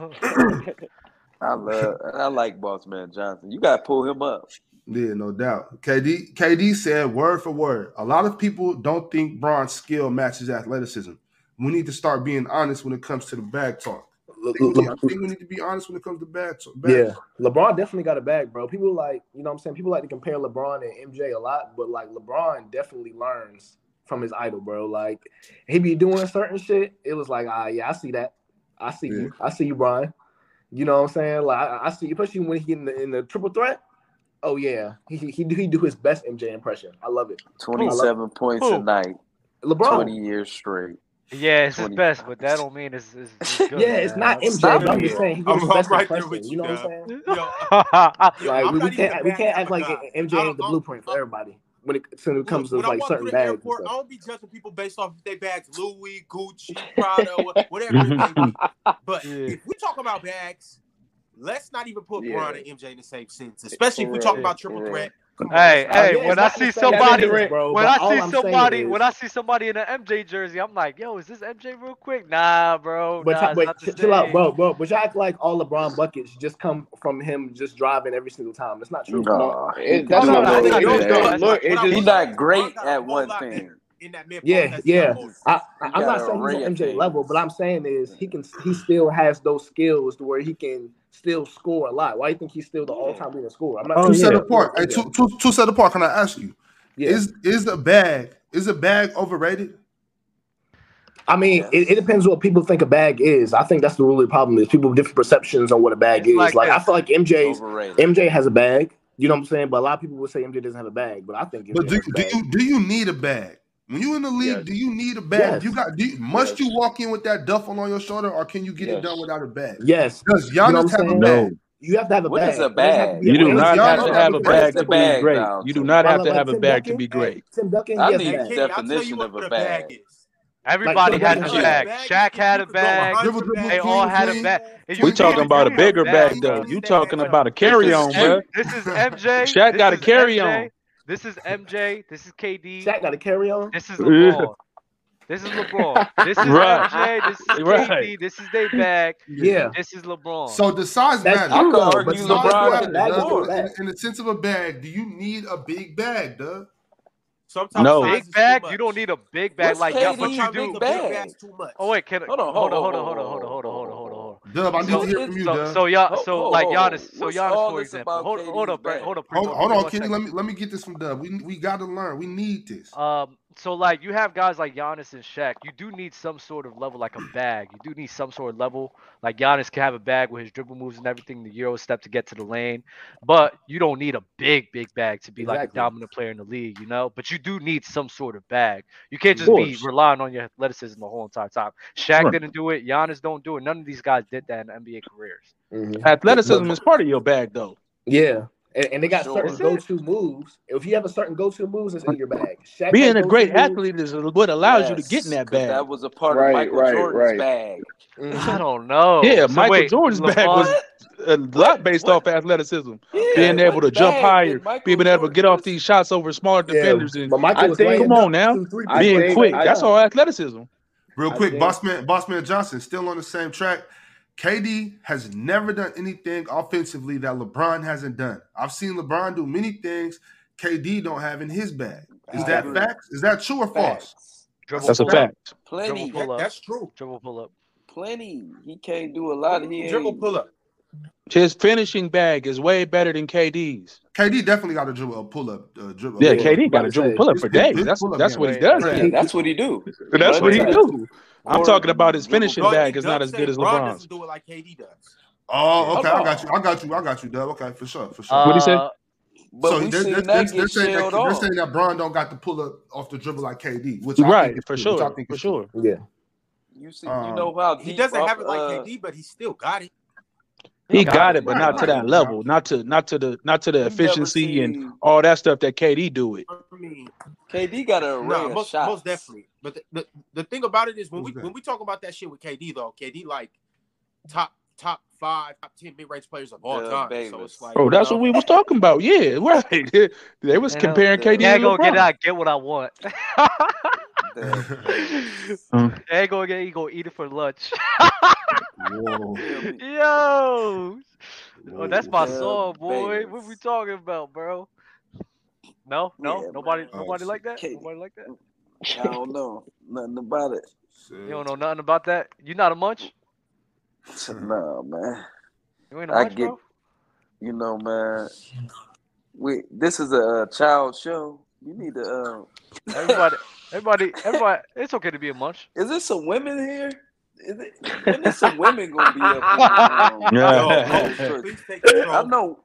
[SPEAKER 3] love. I like Boss Man Johnson. You gotta pull him up.
[SPEAKER 5] Yeah, no doubt. KD KD said word for word. A lot of people don't think Braun's skill matches athleticism. We need to start being honest when it comes to the bag talk. I
[SPEAKER 7] Le-
[SPEAKER 5] think we need, I
[SPEAKER 7] Le-
[SPEAKER 5] think we need to be honest when it comes to bag talk. Bag
[SPEAKER 7] yeah, LeBron definitely got a bag, bro. People like, you know what I'm saying? People like to compare LeBron and MJ a lot, but like LeBron definitely learns from his idol, bro. Like he be doing certain shit. It was like, ah, yeah, I see that. I see you. I see you, Brian. You know what I'm saying? Like I, I see, especially when he in the, in the triple threat. Oh yeah, he he he do, he do his best MJ impression. I love it.
[SPEAKER 3] Twenty-seven points
[SPEAKER 1] Who?
[SPEAKER 3] a night,
[SPEAKER 7] LeBron.
[SPEAKER 3] twenty years straight.
[SPEAKER 1] yeah, it's his
[SPEAKER 3] 20.
[SPEAKER 1] best, but that don't mean it's, it's, it's good.
[SPEAKER 7] Yeah, it's
[SPEAKER 1] man.
[SPEAKER 7] not MJ,
[SPEAKER 3] Stop
[SPEAKER 7] but I'm
[SPEAKER 3] it.
[SPEAKER 7] just saying he do
[SPEAKER 2] I'm-
[SPEAKER 7] his
[SPEAKER 2] I'm
[SPEAKER 7] best
[SPEAKER 2] right there
[SPEAKER 7] impression.
[SPEAKER 2] with
[SPEAKER 7] You
[SPEAKER 2] you,
[SPEAKER 7] know what I'm
[SPEAKER 2] dog.
[SPEAKER 7] saying?
[SPEAKER 2] Yo, yo,
[SPEAKER 7] Like
[SPEAKER 2] I'm
[SPEAKER 7] we,
[SPEAKER 2] not
[SPEAKER 7] we
[SPEAKER 2] even
[SPEAKER 7] can't
[SPEAKER 2] a
[SPEAKER 7] we
[SPEAKER 2] bad
[SPEAKER 7] can't act
[SPEAKER 2] apple
[SPEAKER 7] like
[SPEAKER 2] guy.
[SPEAKER 7] MJ
[SPEAKER 2] I
[SPEAKER 7] ain't the
[SPEAKER 2] don't-
[SPEAKER 7] blueprint for
[SPEAKER 2] I-
[SPEAKER 7] everybody when it, when it comes
[SPEAKER 2] when
[SPEAKER 7] to
[SPEAKER 2] I
[SPEAKER 7] like
[SPEAKER 2] walk through
[SPEAKER 7] certain
[SPEAKER 2] the
[SPEAKER 7] bags and
[SPEAKER 2] airport, I
[SPEAKER 7] stuff.
[SPEAKER 2] don't be judging people based off if they bags Louis, Gucci, Prada, wha- whatever it may be. But
[SPEAKER 1] Yeah.
[SPEAKER 2] if we talk about bags, let's not even put
[SPEAKER 6] Yeah.
[SPEAKER 2] Bron and MJ in the same sentence, especially if we
[SPEAKER 6] real,
[SPEAKER 2] talk about
[SPEAKER 6] for
[SPEAKER 2] triple
[SPEAKER 6] real.
[SPEAKER 2] threat. Come on,
[SPEAKER 1] Hey,
[SPEAKER 2] stop.
[SPEAKER 7] Like,
[SPEAKER 1] hey,
[SPEAKER 7] yeah,
[SPEAKER 1] when
[SPEAKER 7] it's
[SPEAKER 1] I
[SPEAKER 7] not the
[SPEAKER 1] see
[SPEAKER 7] same
[SPEAKER 1] somebody,
[SPEAKER 7] sentence,
[SPEAKER 6] Durant-
[SPEAKER 7] bro.
[SPEAKER 1] when
[SPEAKER 7] but
[SPEAKER 1] I
[SPEAKER 7] all
[SPEAKER 1] see
[SPEAKER 7] I'm saying
[SPEAKER 1] somebody,
[SPEAKER 7] is-
[SPEAKER 1] when I see somebody in an MJ jersey, I'm like, yo, is this MJ real quick? Nah, bro,
[SPEAKER 7] But,
[SPEAKER 1] nah,
[SPEAKER 7] y'all-
[SPEAKER 1] it's
[SPEAKER 7] but
[SPEAKER 1] not the
[SPEAKER 7] ch- chill out,
[SPEAKER 1] same.
[SPEAKER 7] bro, bro. But y'all act like all LeBron buckets just come from him just driving every single time. That's not true.
[SPEAKER 3] No,
[SPEAKER 6] No,
[SPEAKER 3] he
[SPEAKER 6] it- that's
[SPEAKER 1] no, no,
[SPEAKER 3] do
[SPEAKER 6] not
[SPEAKER 1] that's
[SPEAKER 3] those
[SPEAKER 6] no.
[SPEAKER 1] not
[SPEAKER 6] It
[SPEAKER 1] true.
[SPEAKER 6] don't,
[SPEAKER 1] That's
[SPEAKER 6] don't
[SPEAKER 3] things.
[SPEAKER 1] not
[SPEAKER 6] look. It
[SPEAKER 2] What I
[SPEAKER 3] He
[SPEAKER 2] was
[SPEAKER 6] just
[SPEAKER 2] saying,
[SPEAKER 3] not great
[SPEAKER 2] Bron got a
[SPEAKER 3] at
[SPEAKER 2] whole
[SPEAKER 3] one
[SPEAKER 2] lot
[SPEAKER 3] thing.
[SPEAKER 2] in that mid post
[SPEAKER 7] Yeah,
[SPEAKER 2] that's not
[SPEAKER 7] yeah.
[SPEAKER 2] old.
[SPEAKER 7] I, I
[SPEAKER 3] He
[SPEAKER 7] I'm
[SPEAKER 3] got
[SPEAKER 7] not
[SPEAKER 3] an
[SPEAKER 7] saying he's
[SPEAKER 3] array
[SPEAKER 7] on
[SPEAKER 3] of
[SPEAKER 7] MJ
[SPEAKER 3] things.
[SPEAKER 7] level, but I'm saying is he can he still has those skills to where he can still score a lot. Why do you think he's still the all time leading scorer? I'm not
[SPEAKER 4] Oh,
[SPEAKER 5] two
[SPEAKER 7] saying
[SPEAKER 5] set
[SPEAKER 4] yeah.
[SPEAKER 5] apart. Hey, two, two, two set apart. Can I ask you?
[SPEAKER 7] yeah.
[SPEAKER 5] Is is a bag is a bag overrated?
[SPEAKER 7] I mean,
[SPEAKER 3] Yes.
[SPEAKER 7] it, it depends what people think a bag is. I think that's the really problem is people have different perceptions on what a bag
[SPEAKER 1] It's
[SPEAKER 7] is.
[SPEAKER 1] like
[SPEAKER 7] Like I
[SPEAKER 1] this.
[SPEAKER 7] feel like MJ's
[SPEAKER 3] Overrated.
[SPEAKER 7] MJ has a bag. You know what I'm saying? But a lot of people would say MJ doesn't have a bag, but I think MJ
[SPEAKER 5] But do,
[SPEAKER 7] has a
[SPEAKER 5] do
[SPEAKER 7] bag.
[SPEAKER 5] you do you need a bag? When you in the league,
[SPEAKER 6] Yes.
[SPEAKER 5] do you need a bag?
[SPEAKER 7] Yes.
[SPEAKER 5] You got do you, must
[SPEAKER 6] Yes.
[SPEAKER 5] you walk in with that duffel on your shoulder, or can you get it
[SPEAKER 6] Yes.
[SPEAKER 5] done without a bag?
[SPEAKER 7] Yes.
[SPEAKER 5] Does
[SPEAKER 7] You know what
[SPEAKER 5] Giannis have
[SPEAKER 7] I'm
[SPEAKER 5] a
[SPEAKER 7] saying?
[SPEAKER 5] bag?
[SPEAKER 4] No,
[SPEAKER 7] You have to have a
[SPEAKER 3] What
[SPEAKER 7] bag.
[SPEAKER 3] is a
[SPEAKER 7] It doesn't have to
[SPEAKER 3] bag?
[SPEAKER 7] be a
[SPEAKER 4] you do
[SPEAKER 7] winner.
[SPEAKER 5] Does
[SPEAKER 4] not
[SPEAKER 7] You
[SPEAKER 4] have
[SPEAKER 5] Giannis
[SPEAKER 7] have
[SPEAKER 4] to
[SPEAKER 7] to have
[SPEAKER 4] have
[SPEAKER 7] a
[SPEAKER 4] a
[SPEAKER 3] What
[SPEAKER 7] bag.
[SPEAKER 3] is
[SPEAKER 4] bag
[SPEAKER 3] the
[SPEAKER 4] to be
[SPEAKER 3] bag
[SPEAKER 4] great.
[SPEAKER 3] down
[SPEAKER 4] You do
[SPEAKER 3] to?
[SPEAKER 4] not
[SPEAKER 7] Like
[SPEAKER 4] have to
[SPEAKER 7] like
[SPEAKER 4] have a
[SPEAKER 7] Tim
[SPEAKER 4] bag to
[SPEAKER 7] Duncan.
[SPEAKER 4] be great.
[SPEAKER 7] Tim Duncan, he
[SPEAKER 3] I
[SPEAKER 7] has a
[SPEAKER 3] need
[SPEAKER 2] Hey,
[SPEAKER 7] bag.
[SPEAKER 2] Katie, I'll tell you
[SPEAKER 3] definition
[SPEAKER 2] what
[SPEAKER 3] of
[SPEAKER 2] what
[SPEAKER 3] a
[SPEAKER 2] a
[SPEAKER 3] bag.
[SPEAKER 2] bag is.
[SPEAKER 1] Everybody
[SPEAKER 7] Tim
[SPEAKER 1] had
[SPEAKER 7] Duncan
[SPEAKER 1] a
[SPEAKER 7] had a
[SPEAKER 1] bag.
[SPEAKER 2] A bag is
[SPEAKER 1] Shaq
[SPEAKER 2] if
[SPEAKER 1] had
[SPEAKER 2] you
[SPEAKER 1] a
[SPEAKER 2] could go
[SPEAKER 1] bag.
[SPEAKER 2] 100
[SPEAKER 5] Dribble, dribble,
[SPEAKER 1] They
[SPEAKER 2] meters
[SPEAKER 1] all
[SPEAKER 5] king,
[SPEAKER 1] had a
[SPEAKER 5] queen.
[SPEAKER 1] bag.
[SPEAKER 2] and
[SPEAKER 1] And
[SPEAKER 2] you
[SPEAKER 1] you
[SPEAKER 4] We
[SPEAKER 5] King,
[SPEAKER 1] can't
[SPEAKER 4] talking
[SPEAKER 5] queen,
[SPEAKER 1] even call it
[SPEAKER 4] about a
[SPEAKER 1] a
[SPEAKER 5] queen.
[SPEAKER 4] bigger
[SPEAKER 1] bag,
[SPEAKER 4] bag
[SPEAKER 2] completely
[SPEAKER 4] though.
[SPEAKER 1] bro.
[SPEAKER 4] You
[SPEAKER 2] miss that
[SPEAKER 4] talking
[SPEAKER 2] matchup.
[SPEAKER 4] about a
[SPEAKER 1] This
[SPEAKER 4] carry
[SPEAKER 1] is
[SPEAKER 4] on,
[SPEAKER 1] M-
[SPEAKER 4] bro.
[SPEAKER 1] this is MJ.
[SPEAKER 4] Shaq
[SPEAKER 1] This
[SPEAKER 4] got a
[SPEAKER 1] is
[SPEAKER 4] carry
[SPEAKER 1] MJ.
[SPEAKER 4] on.
[SPEAKER 1] This is MJ. This is KD.
[SPEAKER 7] Shaq got to carry on.
[SPEAKER 1] This is
[SPEAKER 4] Yeah.
[SPEAKER 1] LeBron. This is LeBron. This is
[SPEAKER 4] Right.
[SPEAKER 1] MJ. This is
[SPEAKER 4] Right.
[SPEAKER 1] KD. This is they bag.
[SPEAKER 7] Yeah,
[SPEAKER 1] This is LeBron.
[SPEAKER 5] So does size
[SPEAKER 7] that's
[SPEAKER 5] matter?
[SPEAKER 3] I
[SPEAKER 7] true
[SPEAKER 3] could
[SPEAKER 7] though. But
[SPEAKER 3] argue
[SPEAKER 5] Does
[SPEAKER 7] but
[SPEAKER 5] size
[SPEAKER 7] guess what?
[SPEAKER 3] LeBron
[SPEAKER 5] matter?
[SPEAKER 3] is
[SPEAKER 7] A bag is still a
[SPEAKER 5] Does
[SPEAKER 3] more.
[SPEAKER 7] bag.
[SPEAKER 5] in, in the sense of a bag, do you need a big bag, duh?
[SPEAKER 2] Sometimes
[SPEAKER 4] No.
[SPEAKER 1] Big
[SPEAKER 2] size is too
[SPEAKER 1] bag? You
[SPEAKER 2] much.
[SPEAKER 1] don't need a big bag
[SPEAKER 3] What's
[SPEAKER 1] like y'all, but you
[SPEAKER 3] KD's
[SPEAKER 2] Sometimes
[SPEAKER 1] do.
[SPEAKER 2] make
[SPEAKER 3] big
[SPEAKER 2] a big
[SPEAKER 3] bag?
[SPEAKER 2] bag's too much.
[SPEAKER 1] Oh wait, can I,
[SPEAKER 3] Hold on, hold
[SPEAKER 1] hold on, hold
[SPEAKER 3] on, hold
[SPEAKER 1] on,
[SPEAKER 3] on,
[SPEAKER 1] hold on,
[SPEAKER 3] hold
[SPEAKER 1] hold on,
[SPEAKER 3] on,
[SPEAKER 1] hold on, hold on, hold on,
[SPEAKER 3] hold on, hold
[SPEAKER 1] hold on.
[SPEAKER 3] on.
[SPEAKER 5] Dub, I need to
[SPEAKER 1] So,
[SPEAKER 3] What
[SPEAKER 5] hear from
[SPEAKER 3] is
[SPEAKER 5] you,
[SPEAKER 1] so,
[SPEAKER 5] Dub.
[SPEAKER 1] so y'all,
[SPEAKER 3] ho
[SPEAKER 1] so
[SPEAKER 3] ho
[SPEAKER 1] like
[SPEAKER 3] ho?
[SPEAKER 1] Giannis, so
[SPEAKER 3] What's
[SPEAKER 1] Giannis,
[SPEAKER 3] all
[SPEAKER 1] for
[SPEAKER 3] this
[SPEAKER 1] example.
[SPEAKER 3] about
[SPEAKER 1] Hold, hold
[SPEAKER 3] KD's
[SPEAKER 1] up, Brent.
[SPEAKER 3] bag?
[SPEAKER 1] Hold up,
[SPEAKER 5] Hold,
[SPEAKER 1] Primo. Give
[SPEAKER 5] hold
[SPEAKER 1] me
[SPEAKER 5] on,
[SPEAKER 1] one
[SPEAKER 5] Kenny.
[SPEAKER 1] second.
[SPEAKER 5] Let me let me get this from Dub. We we gotta learn. We need this.
[SPEAKER 1] Um, so like you have guys like Giannis and Shaq. You do need some sort of level, like a bag. You do need some sort of level. Like Giannis can have a bag with his dribble moves and everything, the euro step to get to the lane. But you don't need a big, big bag to be like a
[SPEAKER 7] Exactly.
[SPEAKER 1] dominant player in the league, you know. But you do need some sort of bag. You can't
[SPEAKER 7] Of
[SPEAKER 1] just be
[SPEAKER 7] course.
[SPEAKER 1] relying on your athleticism the whole entire time. Shaq
[SPEAKER 4] Right.
[SPEAKER 1] didn't do it. Giannis don't do it. None of these guys did that in NBA careers.
[SPEAKER 7] Mhm. But, but
[SPEAKER 4] Athleticism is part of your bag though.
[SPEAKER 7] Yeah, and, and they
[SPEAKER 3] For
[SPEAKER 7] got
[SPEAKER 1] Is
[SPEAKER 7] certain
[SPEAKER 3] sure.
[SPEAKER 1] it?
[SPEAKER 7] go-to moves. If you have a certain go-to moves, it's in your bag. Shaq
[SPEAKER 4] Being
[SPEAKER 7] had
[SPEAKER 4] a
[SPEAKER 7] go-to
[SPEAKER 4] great
[SPEAKER 7] moves.
[SPEAKER 4] athlete is what allows you to get in
[SPEAKER 3] Yes,
[SPEAKER 4] that
[SPEAKER 3] because
[SPEAKER 4] bag.
[SPEAKER 3] that was a part of
[SPEAKER 6] Right,
[SPEAKER 3] Michael
[SPEAKER 6] right,
[SPEAKER 3] Jordan's
[SPEAKER 6] right.
[SPEAKER 3] bag.
[SPEAKER 1] I
[SPEAKER 7] Mhm.
[SPEAKER 1] don't know.
[SPEAKER 4] Yeah,
[SPEAKER 1] So
[SPEAKER 4] Michael
[SPEAKER 1] wait,
[SPEAKER 4] Jordan's bag was
[SPEAKER 1] LeBron.
[SPEAKER 3] What?
[SPEAKER 4] a
[SPEAKER 3] What?
[SPEAKER 4] lot based
[SPEAKER 3] What?
[SPEAKER 4] off athleticism.
[SPEAKER 3] Yeah.
[SPEAKER 4] Being
[SPEAKER 1] Okay.
[SPEAKER 4] able to
[SPEAKER 3] What
[SPEAKER 4] jump
[SPEAKER 3] bag
[SPEAKER 4] higher,
[SPEAKER 3] did Michael
[SPEAKER 4] being able to get
[SPEAKER 3] Jordan
[SPEAKER 4] off
[SPEAKER 3] was?
[SPEAKER 4] these shots over smaller
[SPEAKER 7] Yeah,
[SPEAKER 4] defenders, and
[SPEAKER 7] but Michael
[SPEAKER 6] I
[SPEAKER 7] was
[SPEAKER 6] think.
[SPEAKER 4] come
[SPEAKER 7] laying up
[SPEAKER 4] on now,
[SPEAKER 7] two, three
[SPEAKER 6] I
[SPEAKER 7] people at
[SPEAKER 4] being
[SPEAKER 7] the
[SPEAKER 6] think.
[SPEAKER 4] quick.
[SPEAKER 7] same
[SPEAKER 6] I
[SPEAKER 4] That's all
[SPEAKER 7] time.
[SPEAKER 4] athleticism.
[SPEAKER 5] Real
[SPEAKER 8] I
[SPEAKER 5] quick,
[SPEAKER 8] think-
[SPEAKER 5] Bossman, Bossman Johnson still on the same track. KD has never done anything offensively that LeBron hasn't done. I've seen LeBron do many things KD don't have in his bag. Is
[SPEAKER 3] I
[SPEAKER 5] that
[SPEAKER 3] agree.
[SPEAKER 5] fact? Is that true or false?
[SPEAKER 1] Dribble
[SPEAKER 4] That's a
[SPEAKER 1] pull up,
[SPEAKER 4] fact.
[SPEAKER 3] Plenty,
[SPEAKER 1] Dribble pull up.
[SPEAKER 2] That's true.
[SPEAKER 1] Dribble pull up.
[SPEAKER 3] plenty. He can't do a lot. He
[SPEAKER 2] Dribble
[SPEAKER 3] ain't.
[SPEAKER 2] pull up.
[SPEAKER 4] His finishing bag is way better than KD's.
[SPEAKER 5] KD definitely got a dribble, a pull up, uh, dribble.
[SPEAKER 4] Yeah,
[SPEAKER 5] pull up.
[SPEAKER 4] KD got a
[SPEAKER 7] His-
[SPEAKER 4] dribble pull up for
[SPEAKER 5] his- his
[SPEAKER 4] days. That's
[SPEAKER 5] pull-up
[SPEAKER 4] that's
[SPEAKER 5] game
[SPEAKER 4] what he
[SPEAKER 1] way
[SPEAKER 4] does.
[SPEAKER 1] better.
[SPEAKER 3] Yeah, that's what he do.
[SPEAKER 4] That's what he
[SPEAKER 3] Run
[SPEAKER 4] do. I'm
[SPEAKER 3] Or
[SPEAKER 4] talking about his
[SPEAKER 3] dribble
[SPEAKER 4] finishing
[SPEAKER 3] pull up.
[SPEAKER 4] bag is
[SPEAKER 2] Doug
[SPEAKER 4] not as good
[SPEAKER 2] said
[SPEAKER 4] as
[SPEAKER 2] Bron
[SPEAKER 4] LeBron's.
[SPEAKER 2] doesn't do it like KD does.
[SPEAKER 5] Oh, okay. I
[SPEAKER 3] Hold
[SPEAKER 5] got
[SPEAKER 3] on.
[SPEAKER 5] you. I got you. I got you, Doug. Okay, for sure, for sure.
[SPEAKER 4] What'd he say?
[SPEAKER 1] Uh,
[SPEAKER 3] But
[SPEAKER 5] so
[SPEAKER 3] we
[SPEAKER 5] they're, they're,
[SPEAKER 3] seen
[SPEAKER 5] they're,
[SPEAKER 3] that
[SPEAKER 5] they're
[SPEAKER 3] get
[SPEAKER 5] saying that
[SPEAKER 3] shelled
[SPEAKER 5] they're
[SPEAKER 3] off.
[SPEAKER 5] saying that Bron don't got the pull up off the dribble like KD, which I
[SPEAKER 4] Right,
[SPEAKER 5] think is
[SPEAKER 4] for
[SPEAKER 5] true, which I
[SPEAKER 4] sure,
[SPEAKER 5] think
[SPEAKER 4] for
[SPEAKER 5] is true.
[SPEAKER 4] sure.
[SPEAKER 8] Yeah.
[SPEAKER 3] You see, you
[SPEAKER 5] Um,
[SPEAKER 3] know how
[SPEAKER 2] He
[SPEAKER 3] deep
[SPEAKER 2] doesn't
[SPEAKER 3] off,
[SPEAKER 2] have it like
[SPEAKER 3] uh,
[SPEAKER 2] KD, but he still got it.
[SPEAKER 4] He
[SPEAKER 5] got
[SPEAKER 4] got
[SPEAKER 5] it.
[SPEAKER 4] it, but
[SPEAKER 5] Right,
[SPEAKER 4] not to
[SPEAKER 5] right.
[SPEAKER 4] that level, not to not to the not to the
[SPEAKER 3] you never
[SPEAKER 4] efficiency and
[SPEAKER 3] see
[SPEAKER 4] all that stuff that KD do it.
[SPEAKER 2] I mean,
[SPEAKER 3] KD got an array
[SPEAKER 2] nah,
[SPEAKER 3] of
[SPEAKER 2] most
[SPEAKER 3] shots.
[SPEAKER 2] most definitely. But the, the, the thing about it is when
[SPEAKER 5] Who's
[SPEAKER 2] we
[SPEAKER 5] that?
[SPEAKER 2] when we talk about that shit with KD though, KD like top top five, top ten mid range players of all time. So
[SPEAKER 3] Doug Davis.
[SPEAKER 2] it's like
[SPEAKER 4] Bro,
[SPEAKER 2] you
[SPEAKER 4] Oh, that's
[SPEAKER 2] know,
[SPEAKER 4] what we was talking about. Yeah, right. They was
[SPEAKER 1] You know,
[SPEAKER 4] comparing
[SPEAKER 3] the-
[SPEAKER 4] KD
[SPEAKER 1] you ain't
[SPEAKER 4] and
[SPEAKER 1] gonna get it.
[SPEAKER 4] LeBron.
[SPEAKER 1] I get what I want.
[SPEAKER 3] Doug Davis.
[SPEAKER 4] Mm.
[SPEAKER 1] I ain't gonna get. You gonna eat it for lunch.
[SPEAKER 5] Whoa.
[SPEAKER 3] Feel me?
[SPEAKER 1] Yo, oh, that's my
[SPEAKER 5] Whoa.
[SPEAKER 3] Doug
[SPEAKER 1] song, boy. What we
[SPEAKER 3] Davis.
[SPEAKER 1] talking about, bro? No, no,
[SPEAKER 3] Yeah,
[SPEAKER 1] nobody,
[SPEAKER 3] man.
[SPEAKER 5] Oh,
[SPEAKER 1] nobody
[SPEAKER 5] shit.
[SPEAKER 1] like that.
[SPEAKER 3] KD.
[SPEAKER 1] Nobody like that.
[SPEAKER 3] I don't know nothing about it.
[SPEAKER 1] You don't know nothing about that. You not a munch.
[SPEAKER 3] No, man.
[SPEAKER 1] You ain't a
[SPEAKER 3] I
[SPEAKER 1] munch,
[SPEAKER 3] get,
[SPEAKER 1] bro.
[SPEAKER 3] you know, man. We this is a uh, child show. You need to. Uh,
[SPEAKER 1] Everybody, everybody, everybody. It's okay to be a munch.
[SPEAKER 3] is there some women here? Is it, when is some women gonna be up in the room?
[SPEAKER 2] yo,
[SPEAKER 4] Yeah.
[SPEAKER 2] Mo,
[SPEAKER 3] Sure.
[SPEAKER 2] please take
[SPEAKER 3] I
[SPEAKER 2] control.
[SPEAKER 3] know,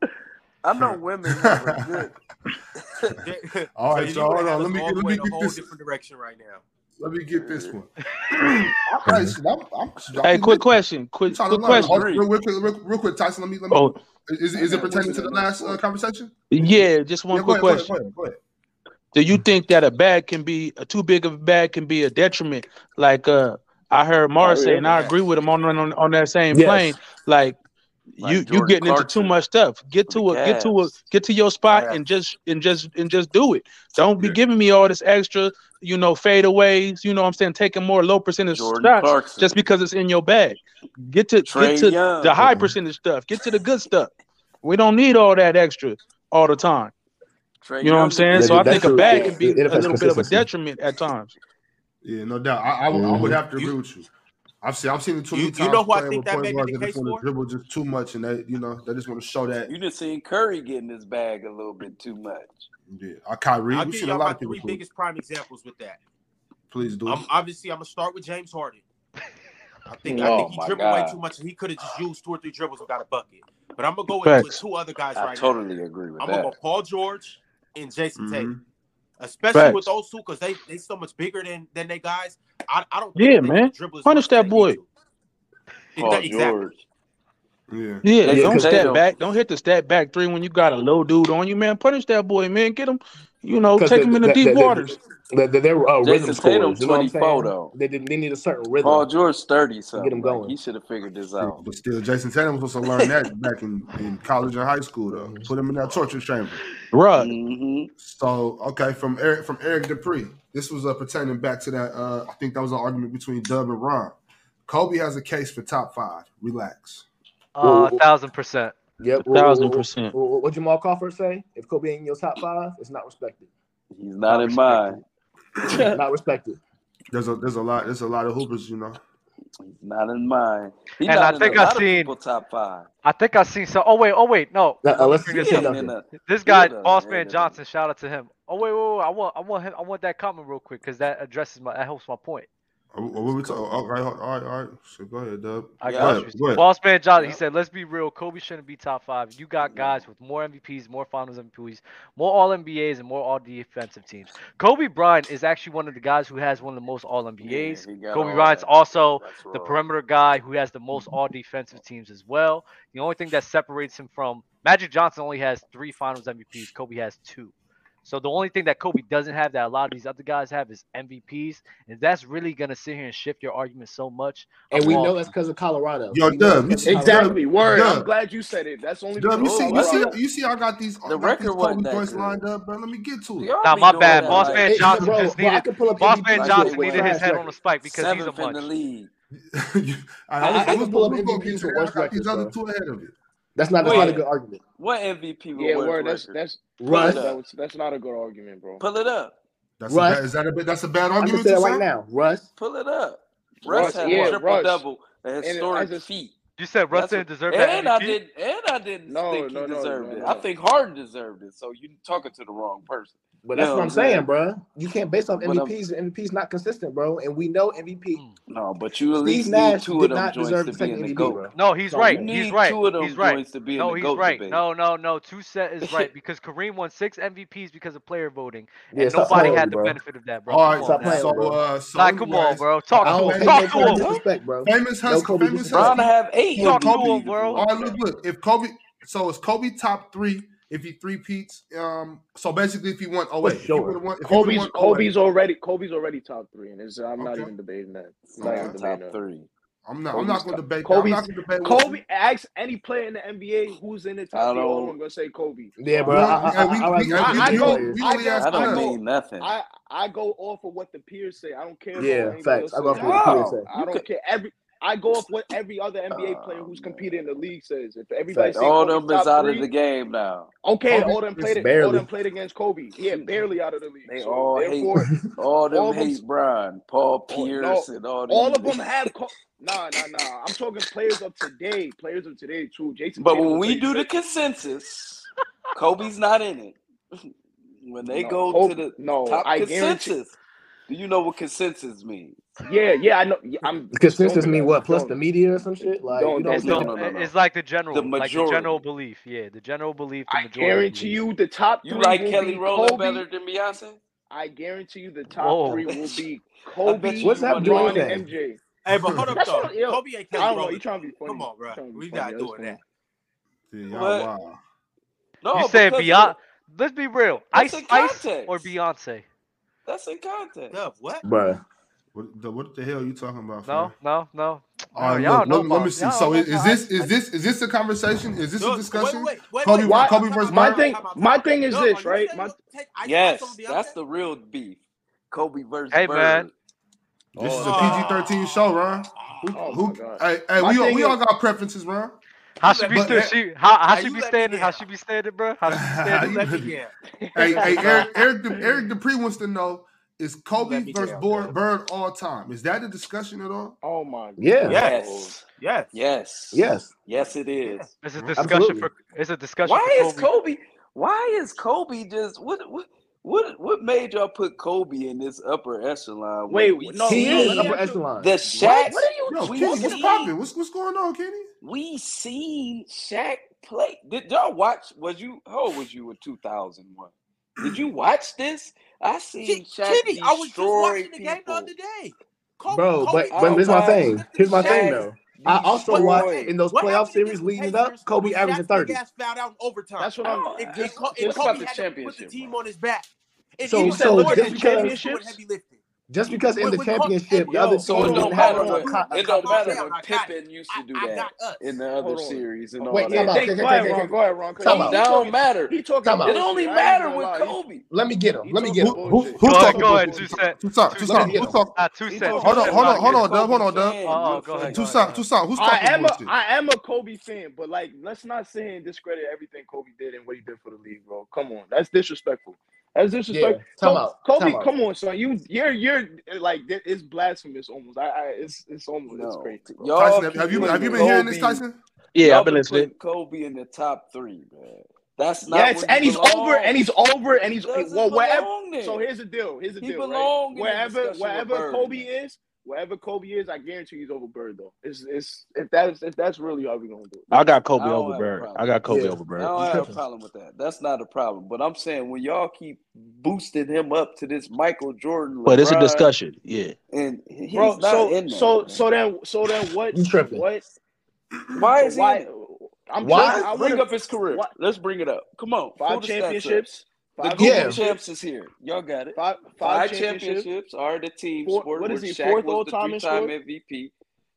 [SPEAKER 3] I know women have a good.
[SPEAKER 5] All right,
[SPEAKER 2] JD
[SPEAKER 5] y'all. Hold
[SPEAKER 2] would've had
[SPEAKER 5] on.
[SPEAKER 2] us
[SPEAKER 5] Let me
[SPEAKER 2] all
[SPEAKER 5] get.
[SPEAKER 2] the
[SPEAKER 5] Let
[SPEAKER 2] way
[SPEAKER 5] me
[SPEAKER 2] in a
[SPEAKER 5] get
[SPEAKER 2] whole
[SPEAKER 5] this.
[SPEAKER 2] different direction right now.
[SPEAKER 5] Let me get this one. All right, shit. I'm. I'm. I'm,
[SPEAKER 4] Hey, quick question.
[SPEAKER 5] I'm
[SPEAKER 4] Quick
[SPEAKER 5] trying to
[SPEAKER 4] quick
[SPEAKER 5] learn.
[SPEAKER 4] question.
[SPEAKER 5] Oh,
[SPEAKER 3] Agree.
[SPEAKER 5] real, real quick, real, real quick, Tyson. Let me. Let me.
[SPEAKER 4] Oh,
[SPEAKER 5] Is, is
[SPEAKER 3] I
[SPEAKER 5] it
[SPEAKER 3] got
[SPEAKER 5] pertaining
[SPEAKER 3] women
[SPEAKER 5] to the
[SPEAKER 3] in my
[SPEAKER 5] last uh,
[SPEAKER 3] sport.
[SPEAKER 5] conversation?
[SPEAKER 4] yeah, just one
[SPEAKER 5] Yeah. Go ahead.
[SPEAKER 4] quick
[SPEAKER 5] Go ahead. Go
[SPEAKER 4] question.
[SPEAKER 5] ahead. Go ahead.
[SPEAKER 4] Do you think that a bag can be a too big of a bag can be a detriment? Like uh I heard Mars
[SPEAKER 3] Oh
[SPEAKER 4] say,
[SPEAKER 3] yeah,
[SPEAKER 4] and I agree with him on on, on that same plane.
[SPEAKER 8] Yes.
[SPEAKER 4] Like
[SPEAKER 3] like
[SPEAKER 4] you you
[SPEAKER 3] Jordan
[SPEAKER 4] getting into too
[SPEAKER 3] Clarkson
[SPEAKER 4] much stuff. Get
[SPEAKER 3] for the
[SPEAKER 4] to a get to a
[SPEAKER 3] Cavs.
[SPEAKER 4] get to your
[SPEAKER 3] I
[SPEAKER 4] spot
[SPEAKER 3] have
[SPEAKER 4] and just and just and just do it. Don't be
[SPEAKER 5] Yeah.
[SPEAKER 4] giving me all this extra, you know, fadeaways. You know, what I'm saying taking more low percentage
[SPEAKER 3] Jordan
[SPEAKER 4] shots
[SPEAKER 3] Clarkson,
[SPEAKER 4] just because it's in your bag. Get to get
[SPEAKER 3] Trey
[SPEAKER 4] to the
[SPEAKER 3] Young.
[SPEAKER 4] high percentage stuff. Get to the good stuff. We don't need all that extra all the time.
[SPEAKER 3] Trey
[SPEAKER 4] You know what I'm
[SPEAKER 3] Young is
[SPEAKER 4] saying?
[SPEAKER 8] Yeah,
[SPEAKER 4] So
[SPEAKER 8] that- that
[SPEAKER 3] getting
[SPEAKER 4] I think a
[SPEAKER 8] should
[SPEAKER 4] bag
[SPEAKER 8] yeah,
[SPEAKER 4] can
[SPEAKER 3] bag.
[SPEAKER 4] be
[SPEAKER 8] it
[SPEAKER 4] a
[SPEAKER 8] affects
[SPEAKER 4] little bit of a
[SPEAKER 8] consistency.
[SPEAKER 4] detriment at times.
[SPEAKER 5] Yeah. No doubt. I. I, would- I would
[SPEAKER 8] Mhm.
[SPEAKER 5] have to
[SPEAKER 2] You
[SPEAKER 5] agree with you. I've seen. I've seen it too
[SPEAKER 2] you
[SPEAKER 5] many
[SPEAKER 2] you
[SPEAKER 5] times
[SPEAKER 2] know who I
[SPEAKER 5] playing
[SPEAKER 2] think
[SPEAKER 5] with
[SPEAKER 2] that
[SPEAKER 5] point
[SPEAKER 2] may be
[SPEAKER 5] guards
[SPEAKER 2] the
[SPEAKER 5] that just
[SPEAKER 2] case
[SPEAKER 5] want
[SPEAKER 2] for?
[SPEAKER 5] to dribble just too much, and they, you know, they just want to show that.
[SPEAKER 3] You just seen Curry getting his bag a little bit too much.
[SPEAKER 5] Yeah. Uh, Kyrie.
[SPEAKER 2] I'll
[SPEAKER 5] We've
[SPEAKER 2] give
[SPEAKER 5] seen a
[SPEAKER 2] y'all
[SPEAKER 5] lot
[SPEAKER 2] my
[SPEAKER 5] of people
[SPEAKER 2] three
[SPEAKER 5] do it.
[SPEAKER 2] biggest prime examples with that.
[SPEAKER 5] Please do it.
[SPEAKER 2] Um, obviously, I'm gonna start with James Harden. I think I
[SPEAKER 3] Oh
[SPEAKER 2] think he
[SPEAKER 3] my
[SPEAKER 2] dribbled way
[SPEAKER 3] god,
[SPEAKER 2] too much, and he could have just used two or three dribbles and got a bucket. But I'm gonna go with, with
[SPEAKER 4] Facts.
[SPEAKER 2] two other guys
[SPEAKER 3] I
[SPEAKER 2] right now.
[SPEAKER 3] totally agree with
[SPEAKER 2] I'm gonna
[SPEAKER 3] that.
[SPEAKER 2] go Paul George and Jason
[SPEAKER 5] hmm
[SPEAKER 2] Tatum, especially with
[SPEAKER 4] Facts.
[SPEAKER 2] those two because they they so much bigger than than they guys. I, I don't think
[SPEAKER 4] Yeah,
[SPEAKER 2] that they can
[SPEAKER 4] man.
[SPEAKER 2] dribble as
[SPEAKER 4] Punish
[SPEAKER 2] much as they need
[SPEAKER 4] that boy.
[SPEAKER 2] to. It-
[SPEAKER 3] Paul
[SPEAKER 2] that- exactly.
[SPEAKER 3] George,
[SPEAKER 5] Yeah.
[SPEAKER 4] Yeah,
[SPEAKER 8] Yeah,
[SPEAKER 3] Jason
[SPEAKER 4] don't
[SPEAKER 8] because
[SPEAKER 4] step
[SPEAKER 3] Tatum.
[SPEAKER 4] back. Don't hit the step back three when you got a low dude on you, man. Punish that boy, man. Get him, you know,
[SPEAKER 8] because
[SPEAKER 4] take
[SPEAKER 8] they
[SPEAKER 4] him in the
[SPEAKER 8] that
[SPEAKER 4] deep
[SPEAKER 8] that
[SPEAKER 4] waters.
[SPEAKER 8] they they they're uh, rhythm
[SPEAKER 3] Jason Tatum,
[SPEAKER 8] scorers. You know what I'm
[SPEAKER 3] twenty
[SPEAKER 8] saying?
[SPEAKER 3] four though.
[SPEAKER 8] They they they need a certain rhythm
[SPEAKER 3] Paul George, thirty
[SPEAKER 8] to get them
[SPEAKER 3] something. Like
[SPEAKER 8] going.
[SPEAKER 3] he should have figured this
[SPEAKER 5] Yeah,
[SPEAKER 3] out.
[SPEAKER 5] but still, Jason Tatum was supposed to learn that back in, in college and high school, though.
[SPEAKER 8] Mhm.
[SPEAKER 5] Put him in that torture chamber.
[SPEAKER 4] Right.
[SPEAKER 3] hmm
[SPEAKER 5] So, okay, from Eric from Eric Dupree, this was uh, pertaining back to that. Uh, I think that was an argument between Dub and Ron. Kobe has a case for top five. Relax.
[SPEAKER 8] Well,
[SPEAKER 1] Uh, thousand percent.
[SPEAKER 8] Yep.
[SPEAKER 4] A
[SPEAKER 8] What,
[SPEAKER 4] thousand percent.
[SPEAKER 8] what Jamal Crawford say? If Kobe ain't in your top five, it's not respected.
[SPEAKER 3] He's
[SPEAKER 1] Not
[SPEAKER 3] not in
[SPEAKER 1] respected.
[SPEAKER 3] mine.
[SPEAKER 8] It's not respected.
[SPEAKER 5] There's a there's a lot there's a lot of hoopers, you know.
[SPEAKER 3] He's not in mine. He's
[SPEAKER 1] And I
[SPEAKER 3] not in a
[SPEAKER 1] think I
[SPEAKER 3] lot of
[SPEAKER 1] seen.
[SPEAKER 3] people top five.
[SPEAKER 1] I think I seen some. Oh wait. Oh wait. No.
[SPEAKER 8] Uh,
[SPEAKER 1] Let me
[SPEAKER 8] unless
[SPEAKER 1] bring
[SPEAKER 3] He
[SPEAKER 1] this
[SPEAKER 8] he
[SPEAKER 1] up.
[SPEAKER 8] ain't
[SPEAKER 3] ain't
[SPEAKER 8] up
[SPEAKER 3] in
[SPEAKER 8] there.
[SPEAKER 3] a.
[SPEAKER 1] This
[SPEAKER 3] He
[SPEAKER 1] guy,
[SPEAKER 3] done
[SPEAKER 1] Boss Man
[SPEAKER 3] ain't in a.
[SPEAKER 1] Johnson, shout out to him. Oh wait, wait, wait. I want, I want him. I want that comment real quick because that addresses my, that helps my point.
[SPEAKER 5] Or, or
[SPEAKER 3] It's
[SPEAKER 5] Uh, we talk,
[SPEAKER 3] cool.
[SPEAKER 5] all right, all right, all right. So go ahead, Dub.
[SPEAKER 1] I
[SPEAKER 5] Go
[SPEAKER 3] Yeah.
[SPEAKER 1] got
[SPEAKER 5] ahead,
[SPEAKER 1] you.
[SPEAKER 5] go ahead.
[SPEAKER 1] Boss Man Johnson, he
[SPEAKER 3] Yeah.
[SPEAKER 1] said, let's be real. Kobe shouldn't be top five. You got guys
[SPEAKER 3] No.
[SPEAKER 1] with more MVPs, more finals MVPs, more All NBAs, and more All Defensive teams. Kobe Bryant is actually one of the guys who has one of the most All
[SPEAKER 3] Yeah,
[SPEAKER 1] NBAs.
[SPEAKER 3] he got
[SPEAKER 1] Kobe
[SPEAKER 3] all
[SPEAKER 1] Bryant's
[SPEAKER 3] that shit.
[SPEAKER 1] also
[SPEAKER 3] That's
[SPEAKER 1] the
[SPEAKER 3] wrong.
[SPEAKER 1] perimeter guy who has the most All Defensive teams as well. The only thing that separates him from Magic Johnson only has three finals MVPs, Kobe has two. So the only thing that Kobe doesn't have that a lot of these other guys have is MVPs, and that's really gonna sit here and shift your argument so much.
[SPEAKER 7] And we
[SPEAKER 1] along-
[SPEAKER 7] know that's because of Colorado.
[SPEAKER 5] Yo,
[SPEAKER 7] We know
[SPEAKER 5] Dub,
[SPEAKER 7] that's
[SPEAKER 5] you
[SPEAKER 7] 'cause of Colorado.
[SPEAKER 6] Exactly. Word.
[SPEAKER 5] Dub.
[SPEAKER 6] I'm glad you said it. That's only
[SPEAKER 5] Dub, you
[SPEAKER 6] because
[SPEAKER 5] see,
[SPEAKER 6] of
[SPEAKER 5] you
[SPEAKER 6] Colorado.
[SPEAKER 5] see, Oh, you see, I got these, I
[SPEAKER 3] The
[SPEAKER 5] got these
[SPEAKER 3] record wasn't
[SPEAKER 5] Kobe
[SPEAKER 3] that
[SPEAKER 5] joints
[SPEAKER 3] good.
[SPEAKER 5] lined up, bro. Let me get to it.
[SPEAKER 3] Y'all
[SPEAKER 1] Nah,
[SPEAKER 3] be
[SPEAKER 1] my
[SPEAKER 3] doing
[SPEAKER 1] bad.
[SPEAKER 3] that
[SPEAKER 1] Boss
[SPEAKER 3] like-
[SPEAKER 1] man
[SPEAKER 7] Hey,
[SPEAKER 1] Johnson
[SPEAKER 7] bro,
[SPEAKER 1] just
[SPEAKER 7] bro, I
[SPEAKER 1] needed
[SPEAKER 7] could pull up
[SPEAKER 1] Boss
[SPEAKER 7] MGK
[SPEAKER 1] man
[SPEAKER 3] Like
[SPEAKER 1] Johnson
[SPEAKER 3] it
[SPEAKER 7] with
[SPEAKER 3] was
[SPEAKER 1] needed
[SPEAKER 7] trash
[SPEAKER 1] his head on
[SPEAKER 7] records.
[SPEAKER 1] the spike because he's a
[SPEAKER 3] seventh in the
[SPEAKER 1] munch.
[SPEAKER 3] league.
[SPEAKER 5] You- I,
[SPEAKER 7] I-
[SPEAKER 5] was,
[SPEAKER 7] I
[SPEAKER 5] I
[SPEAKER 7] can
[SPEAKER 5] was,
[SPEAKER 7] pull up
[SPEAKER 5] we was gonna
[SPEAKER 7] MVPs
[SPEAKER 5] get to
[SPEAKER 7] with
[SPEAKER 5] that.
[SPEAKER 7] worse
[SPEAKER 5] I got these
[SPEAKER 7] records,
[SPEAKER 5] other
[SPEAKER 7] bro.
[SPEAKER 5] two ahead of it.
[SPEAKER 7] That's not that's not a
[SPEAKER 3] Wait,
[SPEAKER 7] good argument.
[SPEAKER 3] what MVP with
[SPEAKER 6] Yeah,
[SPEAKER 3] worst
[SPEAKER 6] word. That's
[SPEAKER 3] record?
[SPEAKER 6] that's yeah.
[SPEAKER 3] Pull it
[SPEAKER 7] Russ,
[SPEAKER 6] That
[SPEAKER 3] up.
[SPEAKER 6] was that's not a good argument, bro.
[SPEAKER 3] Pull it up.
[SPEAKER 5] That's a
[SPEAKER 7] Russ,
[SPEAKER 5] bad. Is that a bit? That's a bad
[SPEAKER 7] I can
[SPEAKER 5] argument
[SPEAKER 7] say
[SPEAKER 5] to
[SPEAKER 7] that right
[SPEAKER 5] say.
[SPEAKER 7] now. Russ,
[SPEAKER 3] Pull it up. Russ
[SPEAKER 1] What
[SPEAKER 6] Russ.
[SPEAKER 3] had
[SPEAKER 1] for
[SPEAKER 3] a
[SPEAKER 6] Yeah,
[SPEAKER 1] what?
[SPEAKER 3] triple
[SPEAKER 6] Russ.
[SPEAKER 3] double, a
[SPEAKER 6] And it-
[SPEAKER 3] historic
[SPEAKER 6] as a
[SPEAKER 3] feat.
[SPEAKER 1] You said Russ
[SPEAKER 3] That's
[SPEAKER 1] didn't
[SPEAKER 3] what,
[SPEAKER 1] deserve that
[SPEAKER 3] and I
[SPEAKER 1] MVP.
[SPEAKER 3] did, and I didn't
[SPEAKER 6] no,
[SPEAKER 3] think he
[SPEAKER 6] no, no,
[SPEAKER 3] deserved
[SPEAKER 6] no,
[SPEAKER 3] it. I
[SPEAKER 6] no.
[SPEAKER 3] think Harden deserved it. So you talking to the wrong person.
[SPEAKER 7] but
[SPEAKER 3] You
[SPEAKER 7] that's
[SPEAKER 3] know
[SPEAKER 7] what
[SPEAKER 3] what
[SPEAKER 7] I'm
[SPEAKER 3] I'm saying?
[SPEAKER 7] saying, bro. You can't base off
[SPEAKER 3] But I'm
[SPEAKER 7] MVPs. MVP's not consistent, bro. And we know MVP.
[SPEAKER 1] Mm.
[SPEAKER 3] no, but you at
[SPEAKER 7] Steve
[SPEAKER 3] least need
[SPEAKER 7] Nash
[SPEAKER 3] two of
[SPEAKER 7] did
[SPEAKER 3] them
[SPEAKER 7] not
[SPEAKER 3] joints
[SPEAKER 7] deserve
[SPEAKER 3] to
[SPEAKER 7] the
[SPEAKER 3] be
[SPEAKER 7] second
[SPEAKER 3] in the
[SPEAKER 7] MVP,
[SPEAKER 3] goat.
[SPEAKER 7] bro.
[SPEAKER 1] No, he's
[SPEAKER 7] So I'm
[SPEAKER 1] right.
[SPEAKER 3] You
[SPEAKER 7] saying.
[SPEAKER 1] He's
[SPEAKER 3] need
[SPEAKER 1] right.
[SPEAKER 3] two of
[SPEAKER 1] He's
[SPEAKER 3] them
[SPEAKER 1] right.
[SPEAKER 3] joints to be in
[SPEAKER 1] No,
[SPEAKER 3] the
[SPEAKER 1] he's
[SPEAKER 3] goat
[SPEAKER 1] right.
[SPEAKER 3] debate.
[SPEAKER 1] No, no, no. Two set is right because Kareem won six MVPs because of player voting,
[SPEAKER 7] yeah,
[SPEAKER 1] and
[SPEAKER 7] stop
[SPEAKER 1] nobody
[SPEAKER 7] playing with me,
[SPEAKER 1] had the
[SPEAKER 7] bro.
[SPEAKER 1] benefit of that, bro.
[SPEAKER 5] All
[SPEAKER 1] Come
[SPEAKER 5] right.
[SPEAKER 1] on
[SPEAKER 7] Stop
[SPEAKER 1] now.
[SPEAKER 7] playing,
[SPEAKER 5] So,
[SPEAKER 7] bro.
[SPEAKER 5] uh, so
[SPEAKER 1] Nah, come on,
[SPEAKER 5] anyways,
[SPEAKER 1] bro.
[SPEAKER 7] I
[SPEAKER 1] Talk to
[SPEAKER 7] don't
[SPEAKER 1] him.
[SPEAKER 7] take no
[SPEAKER 1] Talk to
[SPEAKER 7] further
[SPEAKER 1] him.
[SPEAKER 7] disrespect, bro.
[SPEAKER 5] famous
[SPEAKER 7] No
[SPEAKER 5] Hus,
[SPEAKER 7] Kobe
[SPEAKER 5] famous
[SPEAKER 3] Brown
[SPEAKER 7] disrespect.
[SPEAKER 5] Husky.
[SPEAKER 3] have eight
[SPEAKER 5] So if
[SPEAKER 1] Talk to
[SPEAKER 5] Kobe,
[SPEAKER 1] him,
[SPEAKER 3] MVPs,
[SPEAKER 1] bro.
[SPEAKER 5] all
[SPEAKER 3] bro.
[SPEAKER 5] right, look, look. If Kobe, so is Kobe top three? If he three peats, um, so basically, if he won, oh
[SPEAKER 7] For
[SPEAKER 5] wait, if he would
[SPEAKER 7] sure.
[SPEAKER 5] have won, if he would have
[SPEAKER 6] Kobe's
[SPEAKER 5] won, oh wait,
[SPEAKER 6] Kobe's already Kobe's already top three, and it's, I'm not
[SPEAKER 5] okay,
[SPEAKER 6] even debating that.
[SPEAKER 3] It's
[SPEAKER 6] I'm not even
[SPEAKER 3] not
[SPEAKER 5] okay.
[SPEAKER 6] debating
[SPEAKER 3] top
[SPEAKER 6] that.
[SPEAKER 3] three.
[SPEAKER 5] I'm not, I'm
[SPEAKER 6] Kobe's
[SPEAKER 5] not going
[SPEAKER 6] top.
[SPEAKER 5] to debate that. I'm
[SPEAKER 6] Kobe's
[SPEAKER 5] not going to debate with you.
[SPEAKER 6] Kobe. Ask any player in the NBA who's in the top
[SPEAKER 3] I
[SPEAKER 6] three. All of
[SPEAKER 3] don't.
[SPEAKER 6] them gonna say Kobe. So
[SPEAKER 7] Yeah,
[SPEAKER 6] I'm
[SPEAKER 7] bro.
[SPEAKER 5] We
[SPEAKER 7] I,
[SPEAKER 6] not.
[SPEAKER 5] only,
[SPEAKER 7] I,
[SPEAKER 5] hey,
[SPEAKER 7] I,
[SPEAKER 5] we,
[SPEAKER 7] I
[SPEAKER 5] we,
[SPEAKER 7] argue
[SPEAKER 5] hey,
[SPEAKER 7] with
[SPEAKER 5] we,
[SPEAKER 6] I,
[SPEAKER 7] you
[SPEAKER 5] we
[SPEAKER 6] I
[SPEAKER 7] two
[SPEAKER 6] go.
[SPEAKER 5] only, we
[SPEAKER 7] players.
[SPEAKER 6] I
[SPEAKER 5] only
[SPEAKER 6] go.
[SPEAKER 5] asked
[SPEAKER 3] I
[SPEAKER 6] I
[SPEAKER 3] don't
[SPEAKER 5] players.
[SPEAKER 6] go.
[SPEAKER 3] mean nothing.
[SPEAKER 6] I I go off of what the peers say. I don't care about what
[SPEAKER 7] Yeah,
[SPEAKER 6] anybody
[SPEAKER 7] facts.
[SPEAKER 6] else
[SPEAKER 7] I
[SPEAKER 6] says
[SPEAKER 7] go
[SPEAKER 6] in
[SPEAKER 7] for
[SPEAKER 6] the
[SPEAKER 7] what
[SPEAKER 6] league.
[SPEAKER 7] Pierce
[SPEAKER 3] No,
[SPEAKER 7] said.
[SPEAKER 3] you
[SPEAKER 6] I
[SPEAKER 3] could.
[SPEAKER 6] don't care. Every I go off what every other NBA player
[SPEAKER 3] Oh
[SPEAKER 6] who's competing in
[SPEAKER 3] man,
[SPEAKER 6] the league says. If everybody
[SPEAKER 7] Facts.
[SPEAKER 6] say
[SPEAKER 3] all
[SPEAKER 6] Kobe's
[SPEAKER 3] them is
[SPEAKER 6] top
[SPEAKER 3] out of
[SPEAKER 6] three,
[SPEAKER 3] the game now.
[SPEAKER 6] okay,
[SPEAKER 5] Kobe
[SPEAKER 6] all them
[SPEAKER 5] is
[SPEAKER 6] played it. All them
[SPEAKER 7] Barely.
[SPEAKER 6] played against Kobe. Yeah, barely out of the league.
[SPEAKER 3] They
[SPEAKER 6] So
[SPEAKER 3] all hate.
[SPEAKER 6] therefore,
[SPEAKER 3] All them
[SPEAKER 6] all of them
[SPEAKER 3] hate Brian, Paul
[SPEAKER 6] Oh no,
[SPEAKER 3] Pierce, and all
[SPEAKER 6] all
[SPEAKER 3] these.
[SPEAKER 6] of them have. Co- nah, nah, nah. I'm talking players of today. Players of today too. Jason
[SPEAKER 3] But
[SPEAKER 6] Tatum
[SPEAKER 3] when
[SPEAKER 6] will tell
[SPEAKER 3] we
[SPEAKER 6] you
[SPEAKER 3] do the
[SPEAKER 6] that.
[SPEAKER 3] consensus, Kobe's not in it. When they
[SPEAKER 6] No,
[SPEAKER 3] go to
[SPEAKER 6] Kobe.
[SPEAKER 3] the
[SPEAKER 6] No,
[SPEAKER 3] top
[SPEAKER 6] I guarantee.
[SPEAKER 3] consensus, do you know what consensus means?
[SPEAKER 6] Yeah, yeah. I know. yeah, I'm don't
[SPEAKER 7] Consensus
[SPEAKER 6] do
[SPEAKER 7] mean
[SPEAKER 6] that.
[SPEAKER 7] what? Plus
[SPEAKER 6] Don't,
[SPEAKER 7] the media or some shit? Like,
[SPEAKER 6] don't,
[SPEAKER 7] you know what I'm
[SPEAKER 6] don't
[SPEAKER 1] It's
[SPEAKER 6] do
[SPEAKER 1] the
[SPEAKER 3] No,
[SPEAKER 7] saying?
[SPEAKER 6] that.
[SPEAKER 3] no, no, no.
[SPEAKER 1] it's like the
[SPEAKER 3] The
[SPEAKER 1] general, like the general
[SPEAKER 3] majority.
[SPEAKER 1] belief. Yeah, the general belief, the
[SPEAKER 6] I
[SPEAKER 1] majority belief.
[SPEAKER 6] guarantee you, the top
[SPEAKER 3] You
[SPEAKER 6] three
[SPEAKER 3] like
[SPEAKER 6] will
[SPEAKER 3] Kelly
[SPEAKER 6] be
[SPEAKER 3] Roller
[SPEAKER 6] Kobe.
[SPEAKER 3] better than Beyonce?
[SPEAKER 6] I guarantee you, the top
[SPEAKER 1] Whoa.
[SPEAKER 6] three will be
[SPEAKER 3] I bet
[SPEAKER 6] Kobe,
[SPEAKER 3] you
[SPEAKER 7] What's
[SPEAKER 3] you want to
[SPEAKER 7] happening with
[SPEAKER 6] LeBron,
[SPEAKER 3] argue.
[SPEAKER 7] anything?
[SPEAKER 6] and MJ.
[SPEAKER 2] Hey, but hold up
[SPEAKER 6] That's
[SPEAKER 2] though.
[SPEAKER 6] what. Yo,
[SPEAKER 2] Kobe ain't
[SPEAKER 6] I
[SPEAKER 2] Kelly
[SPEAKER 6] don't know. You
[SPEAKER 2] Roller though.
[SPEAKER 6] trying to be
[SPEAKER 2] Come
[SPEAKER 6] funny.
[SPEAKER 2] on,
[SPEAKER 6] You
[SPEAKER 2] bro.
[SPEAKER 6] trying to be
[SPEAKER 2] We
[SPEAKER 6] funny
[SPEAKER 2] not
[SPEAKER 6] at this
[SPEAKER 2] doing
[SPEAKER 6] point.
[SPEAKER 2] that.
[SPEAKER 5] yeah, y'all
[SPEAKER 3] What?
[SPEAKER 5] wow.
[SPEAKER 1] You
[SPEAKER 3] No,
[SPEAKER 1] said
[SPEAKER 3] because
[SPEAKER 1] Beyonce.
[SPEAKER 3] look,
[SPEAKER 1] Let's be real.
[SPEAKER 3] that's
[SPEAKER 1] Ice
[SPEAKER 3] in
[SPEAKER 1] Ice or
[SPEAKER 3] context.
[SPEAKER 1] Beyonce?
[SPEAKER 3] That's in context.
[SPEAKER 2] Dub, what?
[SPEAKER 7] Bruh.
[SPEAKER 5] What the, what the hell are you talking about, fam?
[SPEAKER 1] No, no, no.
[SPEAKER 5] All
[SPEAKER 1] No,
[SPEAKER 5] right,
[SPEAKER 1] y'all
[SPEAKER 5] look,
[SPEAKER 1] know
[SPEAKER 5] let me, let me
[SPEAKER 1] about
[SPEAKER 5] see.
[SPEAKER 1] y'all
[SPEAKER 5] So
[SPEAKER 1] know
[SPEAKER 5] is, is
[SPEAKER 1] about Ice
[SPEAKER 5] this is
[SPEAKER 1] Ice.
[SPEAKER 5] this is this a conversation? Is this a
[SPEAKER 2] Dub, wait, wait,
[SPEAKER 5] discussion?
[SPEAKER 2] wait, wait,
[SPEAKER 5] Kobe
[SPEAKER 2] wait.
[SPEAKER 5] ver-
[SPEAKER 2] Time
[SPEAKER 6] Why?
[SPEAKER 5] Kobe
[SPEAKER 2] out, time out,
[SPEAKER 5] versus
[SPEAKER 2] time
[SPEAKER 6] My
[SPEAKER 5] Bird.
[SPEAKER 2] out,
[SPEAKER 6] thing.
[SPEAKER 2] time out, time
[SPEAKER 6] My
[SPEAKER 2] out.
[SPEAKER 6] thing is
[SPEAKER 2] Dub,
[SPEAKER 6] this,
[SPEAKER 2] are you
[SPEAKER 6] right?
[SPEAKER 2] saying
[SPEAKER 6] My.
[SPEAKER 2] you'll take Ice Ice over
[SPEAKER 3] Yes, that's
[SPEAKER 2] Beyonce?
[SPEAKER 3] the real beef. Kobe versus
[SPEAKER 1] Hey man,
[SPEAKER 3] Bird.
[SPEAKER 5] This
[SPEAKER 7] Oh,
[SPEAKER 5] is a
[SPEAKER 7] shit.
[SPEAKER 5] PG thirteen show, Ron. Who
[SPEAKER 6] Oh
[SPEAKER 2] Oh,
[SPEAKER 6] my
[SPEAKER 5] who?
[SPEAKER 6] God.
[SPEAKER 5] Hey, hey,
[SPEAKER 6] My
[SPEAKER 5] we all
[SPEAKER 6] thing
[SPEAKER 5] we
[SPEAKER 6] is.
[SPEAKER 5] all got preferences, Ron.
[SPEAKER 1] how
[SPEAKER 2] you
[SPEAKER 1] she
[SPEAKER 2] let
[SPEAKER 1] be
[SPEAKER 2] me
[SPEAKER 5] But
[SPEAKER 1] still
[SPEAKER 5] eh,
[SPEAKER 2] down.
[SPEAKER 1] she how how
[SPEAKER 2] Hey,
[SPEAKER 1] she
[SPEAKER 2] you
[SPEAKER 1] be
[SPEAKER 2] let me
[SPEAKER 1] standing? How
[SPEAKER 2] down.
[SPEAKER 1] she be standing, bro? How she be standing?
[SPEAKER 2] You let me
[SPEAKER 5] you-
[SPEAKER 2] down.
[SPEAKER 5] hey, hey,
[SPEAKER 1] Nah.
[SPEAKER 5] Eric Eric De- Eric Dupree wants to know is
[SPEAKER 2] You let
[SPEAKER 5] Kobe
[SPEAKER 2] me
[SPEAKER 5] versus
[SPEAKER 2] down,
[SPEAKER 5] Bor-
[SPEAKER 2] Dub.
[SPEAKER 5] Bird all time? Is that a discussion at all?
[SPEAKER 6] oh my
[SPEAKER 7] Yeah.
[SPEAKER 6] God.
[SPEAKER 3] Yes.
[SPEAKER 2] Yes.
[SPEAKER 3] Yes.
[SPEAKER 7] Yes.
[SPEAKER 3] Yes, it
[SPEAKER 2] Yeah.
[SPEAKER 3] is.
[SPEAKER 1] It's a
[SPEAKER 5] Okay.
[SPEAKER 1] discussion
[SPEAKER 7] Absolutely.
[SPEAKER 1] for it's a discussion for
[SPEAKER 3] Why is
[SPEAKER 1] Kobe.
[SPEAKER 3] Kobe? Why is Kobe just what what what what made y'all put Kobe in this upper echelon
[SPEAKER 6] Wait,
[SPEAKER 3] when
[SPEAKER 6] wh-
[SPEAKER 3] we
[SPEAKER 6] no,
[SPEAKER 7] He
[SPEAKER 6] no.
[SPEAKER 7] is
[SPEAKER 6] Let
[SPEAKER 3] seen
[SPEAKER 6] me
[SPEAKER 7] upper
[SPEAKER 6] ask you.
[SPEAKER 7] echelon.
[SPEAKER 3] the
[SPEAKER 6] What?
[SPEAKER 3] Shaq?
[SPEAKER 6] What are you
[SPEAKER 5] Yo,
[SPEAKER 3] We
[SPEAKER 5] Kenny,
[SPEAKER 6] talking
[SPEAKER 5] what's
[SPEAKER 6] about?
[SPEAKER 3] seen
[SPEAKER 5] popping? What's what's going on, Kenny?
[SPEAKER 3] we seen Shaq play. Did y'all watch? Was you how old was you in two thousand one? Did you watch this? I seen
[SPEAKER 2] Ki-
[SPEAKER 3] Shaq
[SPEAKER 2] Kitty, I was just
[SPEAKER 3] destroy
[SPEAKER 2] watching the game the
[SPEAKER 3] people.
[SPEAKER 2] other day. Kobe,
[SPEAKER 7] Bro,
[SPEAKER 2] Kobe,
[SPEAKER 7] but but
[SPEAKER 3] I
[SPEAKER 7] here's
[SPEAKER 2] Kobe
[SPEAKER 7] my
[SPEAKER 3] watched
[SPEAKER 7] thing.
[SPEAKER 2] intercepted
[SPEAKER 7] Here's
[SPEAKER 2] the
[SPEAKER 7] my thing
[SPEAKER 3] Shaq
[SPEAKER 2] Jazz.
[SPEAKER 7] though. I also
[SPEAKER 2] What?
[SPEAKER 7] watched
[SPEAKER 2] Hey,
[SPEAKER 3] destroy.
[SPEAKER 7] in those
[SPEAKER 2] what
[SPEAKER 7] playoff
[SPEAKER 2] happened
[SPEAKER 7] series
[SPEAKER 2] against the
[SPEAKER 7] leading it up,
[SPEAKER 2] Pacers
[SPEAKER 7] Kobe
[SPEAKER 2] when
[SPEAKER 7] averaging
[SPEAKER 2] Shaq big
[SPEAKER 7] 30.
[SPEAKER 2] ass fouled out in overtime?
[SPEAKER 6] That's what
[SPEAKER 3] I
[SPEAKER 6] I'm.
[SPEAKER 3] don't.
[SPEAKER 6] it-
[SPEAKER 3] I,
[SPEAKER 2] And,
[SPEAKER 6] Just,
[SPEAKER 2] Co- and
[SPEAKER 6] just
[SPEAKER 3] what
[SPEAKER 2] Kobe had
[SPEAKER 3] about the
[SPEAKER 2] to put the
[SPEAKER 3] championship,
[SPEAKER 2] team
[SPEAKER 3] bro?
[SPEAKER 2] on his back, and
[SPEAKER 6] you
[SPEAKER 7] So
[SPEAKER 2] even
[SPEAKER 6] said
[SPEAKER 7] so
[SPEAKER 6] look
[SPEAKER 2] before
[SPEAKER 6] at
[SPEAKER 7] just
[SPEAKER 2] that,
[SPEAKER 6] the
[SPEAKER 2] Kobe
[SPEAKER 7] because
[SPEAKER 2] was doing
[SPEAKER 6] championships.
[SPEAKER 2] heavy lifting.
[SPEAKER 7] just because in
[SPEAKER 2] When
[SPEAKER 7] the
[SPEAKER 2] when Kobe, hey,
[SPEAKER 7] championship the other
[SPEAKER 6] Yo,
[SPEAKER 3] So
[SPEAKER 7] team
[SPEAKER 3] it
[SPEAKER 6] hold
[SPEAKER 7] didn't
[SPEAKER 3] don't
[SPEAKER 6] on,
[SPEAKER 7] have
[SPEAKER 3] matter
[SPEAKER 6] hold
[SPEAKER 7] no
[SPEAKER 6] on.
[SPEAKER 3] what
[SPEAKER 7] co- a
[SPEAKER 3] it
[SPEAKER 2] come
[SPEAKER 3] don't
[SPEAKER 2] on
[SPEAKER 3] matter
[SPEAKER 7] competition.
[SPEAKER 2] down,
[SPEAKER 3] what
[SPEAKER 2] I got it.
[SPEAKER 3] Pippen used
[SPEAKER 2] I
[SPEAKER 3] to do
[SPEAKER 2] I
[SPEAKER 3] that
[SPEAKER 2] got us.
[SPEAKER 3] in the other
[SPEAKER 6] Hold on.
[SPEAKER 3] series and
[SPEAKER 6] Oh,
[SPEAKER 3] all
[SPEAKER 7] Wait, time
[SPEAKER 6] yeah,
[SPEAKER 3] that.
[SPEAKER 6] Jay,
[SPEAKER 7] out. Okay,
[SPEAKER 6] go
[SPEAKER 7] okay,
[SPEAKER 6] ahead,
[SPEAKER 7] okay,
[SPEAKER 6] Ron.
[SPEAKER 7] okay.
[SPEAKER 6] Go ahead, Ron. Cause
[SPEAKER 7] Time
[SPEAKER 3] It
[SPEAKER 6] he he
[SPEAKER 7] out.
[SPEAKER 3] don't
[SPEAKER 6] talking
[SPEAKER 3] matter.
[SPEAKER 6] he
[SPEAKER 7] Time
[SPEAKER 6] talking
[SPEAKER 3] It
[SPEAKER 7] out.
[SPEAKER 6] bullshit.
[SPEAKER 3] only
[SPEAKER 6] I ain't even
[SPEAKER 3] matter
[SPEAKER 6] gonna
[SPEAKER 3] with
[SPEAKER 6] lie. He
[SPEAKER 3] Kobe.
[SPEAKER 7] Let me get him.
[SPEAKER 6] he
[SPEAKER 7] Let me
[SPEAKER 6] talking
[SPEAKER 7] get him.
[SPEAKER 5] Who who who's
[SPEAKER 6] bullshit. He
[SPEAKER 1] Go ahead,
[SPEAKER 5] talking
[SPEAKER 6] talking
[SPEAKER 1] go ahead.
[SPEAKER 5] bullshit?
[SPEAKER 1] Two
[SPEAKER 6] bullshit.
[SPEAKER 1] set,
[SPEAKER 5] Two
[SPEAKER 1] two
[SPEAKER 5] socks. Two
[SPEAKER 7] Let
[SPEAKER 1] set.
[SPEAKER 5] socks.
[SPEAKER 7] me get
[SPEAKER 5] Who's
[SPEAKER 7] him.
[SPEAKER 5] talking?
[SPEAKER 1] Ah, two set.
[SPEAKER 3] He
[SPEAKER 6] He
[SPEAKER 3] talking
[SPEAKER 1] Two
[SPEAKER 5] Hold on,
[SPEAKER 1] set
[SPEAKER 6] talking
[SPEAKER 5] hold on,
[SPEAKER 3] about
[SPEAKER 1] right there.
[SPEAKER 5] hold
[SPEAKER 3] the
[SPEAKER 5] on,
[SPEAKER 1] Oh, oh, go
[SPEAKER 5] Dub. Hold on, Dub.
[SPEAKER 3] Kobe fan in this
[SPEAKER 1] ahead,
[SPEAKER 5] Two
[SPEAKER 1] go ahead, go ahead.
[SPEAKER 5] socks. Two
[SPEAKER 3] segment.
[SPEAKER 5] socks. Who's
[SPEAKER 6] I
[SPEAKER 5] talking
[SPEAKER 6] am a
[SPEAKER 5] bullshit?
[SPEAKER 6] I am a Kobe fan, but like let's not sit here and discredit everything Kobe did and what he did for the league, bro. Come on, that's disrespectful. That's
[SPEAKER 7] Yeah.
[SPEAKER 6] disrespectful.
[SPEAKER 7] Time out. Time
[SPEAKER 6] Kobe,
[SPEAKER 7] out.
[SPEAKER 6] come on, son. You you're you're like th- it's blasphemous almost. I, I it's it's almost it's
[SPEAKER 3] No,
[SPEAKER 6] crazy, bro.
[SPEAKER 3] y'all
[SPEAKER 5] Tyson, have, have
[SPEAKER 3] keep
[SPEAKER 5] you have
[SPEAKER 3] putting
[SPEAKER 5] you
[SPEAKER 6] Anyway,
[SPEAKER 5] been hearing this,
[SPEAKER 3] Kobe.
[SPEAKER 5] Tyson?
[SPEAKER 4] Yeah, I've
[SPEAKER 3] Y'all
[SPEAKER 4] been
[SPEAKER 3] been
[SPEAKER 4] listening.
[SPEAKER 3] putting Kobe in the top three, man. That's not
[SPEAKER 6] yes,
[SPEAKER 3] where he
[SPEAKER 6] and he's over, and
[SPEAKER 3] belongs.
[SPEAKER 6] he's over, and
[SPEAKER 3] He
[SPEAKER 6] he's
[SPEAKER 3] doesn't
[SPEAKER 6] well wherever.
[SPEAKER 3] belong
[SPEAKER 6] So
[SPEAKER 3] there.
[SPEAKER 6] here's the deal. Here's the
[SPEAKER 3] He
[SPEAKER 6] deal, right?
[SPEAKER 3] belong in the
[SPEAKER 6] Wherever
[SPEAKER 3] discussion with
[SPEAKER 6] wherever
[SPEAKER 3] Bird
[SPEAKER 6] Kobe
[SPEAKER 3] now.
[SPEAKER 6] is, wherever Kobe is, I guarantee he's over Bird though. It's it's if that's if that's really how we gonna do it.
[SPEAKER 4] I got
[SPEAKER 3] I
[SPEAKER 4] Kobe over
[SPEAKER 3] don't have a
[SPEAKER 4] Bird.
[SPEAKER 3] problem
[SPEAKER 4] I
[SPEAKER 3] with
[SPEAKER 4] got
[SPEAKER 3] that.
[SPEAKER 4] Kobe
[SPEAKER 7] Yeah.
[SPEAKER 4] over
[SPEAKER 3] I
[SPEAKER 4] Bird.
[SPEAKER 3] don't
[SPEAKER 7] You
[SPEAKER 3] have a
[SPEAKER 7] tripping.
[SPEAKER 3] problem with that. That's not a problem. But I'm saying when y'all keep boosting him up to this Michael Jordan,
[SPEAKER 4] But it's a
[SPEAKER 3] LeBron,
[SPEAKER 4] discussion. Yeah.
[SPEAKER 3] and he's
[SPEAKER 6] Bro,
[SPEAKER 3] not
[SPEAKER 6] so
[SPEAKER 3] in that,
[SPEAKER 6] so
[SPEAKER 3] man.
[SPEAKER 6] so then so then what
[SPEAKER 7] You tripping.
[SPEAKER 6] what
[SPEAKER 3] Why
[SPEAKER 6] So
[SPEAKER 3] is he in
[SPEAKER 6] why?
[SPEAKER 3] it?
[SPEAKER 6] I'm trying.
[SPEAKER 7] Why?
[SPEAKER 3] Let's
[SPEAKER 6] I would
[SPEAKER 3] bring
[SPEAKER 6] have
[SPEAKER 3] up his career.
[SPEAKER 6] what
[SPEAKER 3] Let's bring it up. Come on, pull
[SPEAKER 6] five
[SPEAKER 3] the stats up.
[SPEAKER 6] championships.
[SPEAKER 3] The
[SPEAKER 6] Five-
[SPEAKER 3] Google
[SPEAKER 6] yeah.
[SPEAKER 3] champs is here. Y'all got it.
[SPEAKER 6] Five, five,
[SPEAKER 3] Five
[SPEAKER 6] championships.
[SPEAKER 3] championships are the team
[SPEAKER 6] Four-
[SPEAKER 3] sport.
[SPEAKER 6] what is
[SPEAKER 3] where
[SPEAKER 6] he,
[SPEAKER 3] Shaq
[SPEAKER 6] fourth
[SPEAKER 3] was the
[SPEAKER 6] all-time in
[SPEAKER 3] three-time
[SPEAKER 6] score?
[SPEAKER 3] MVP.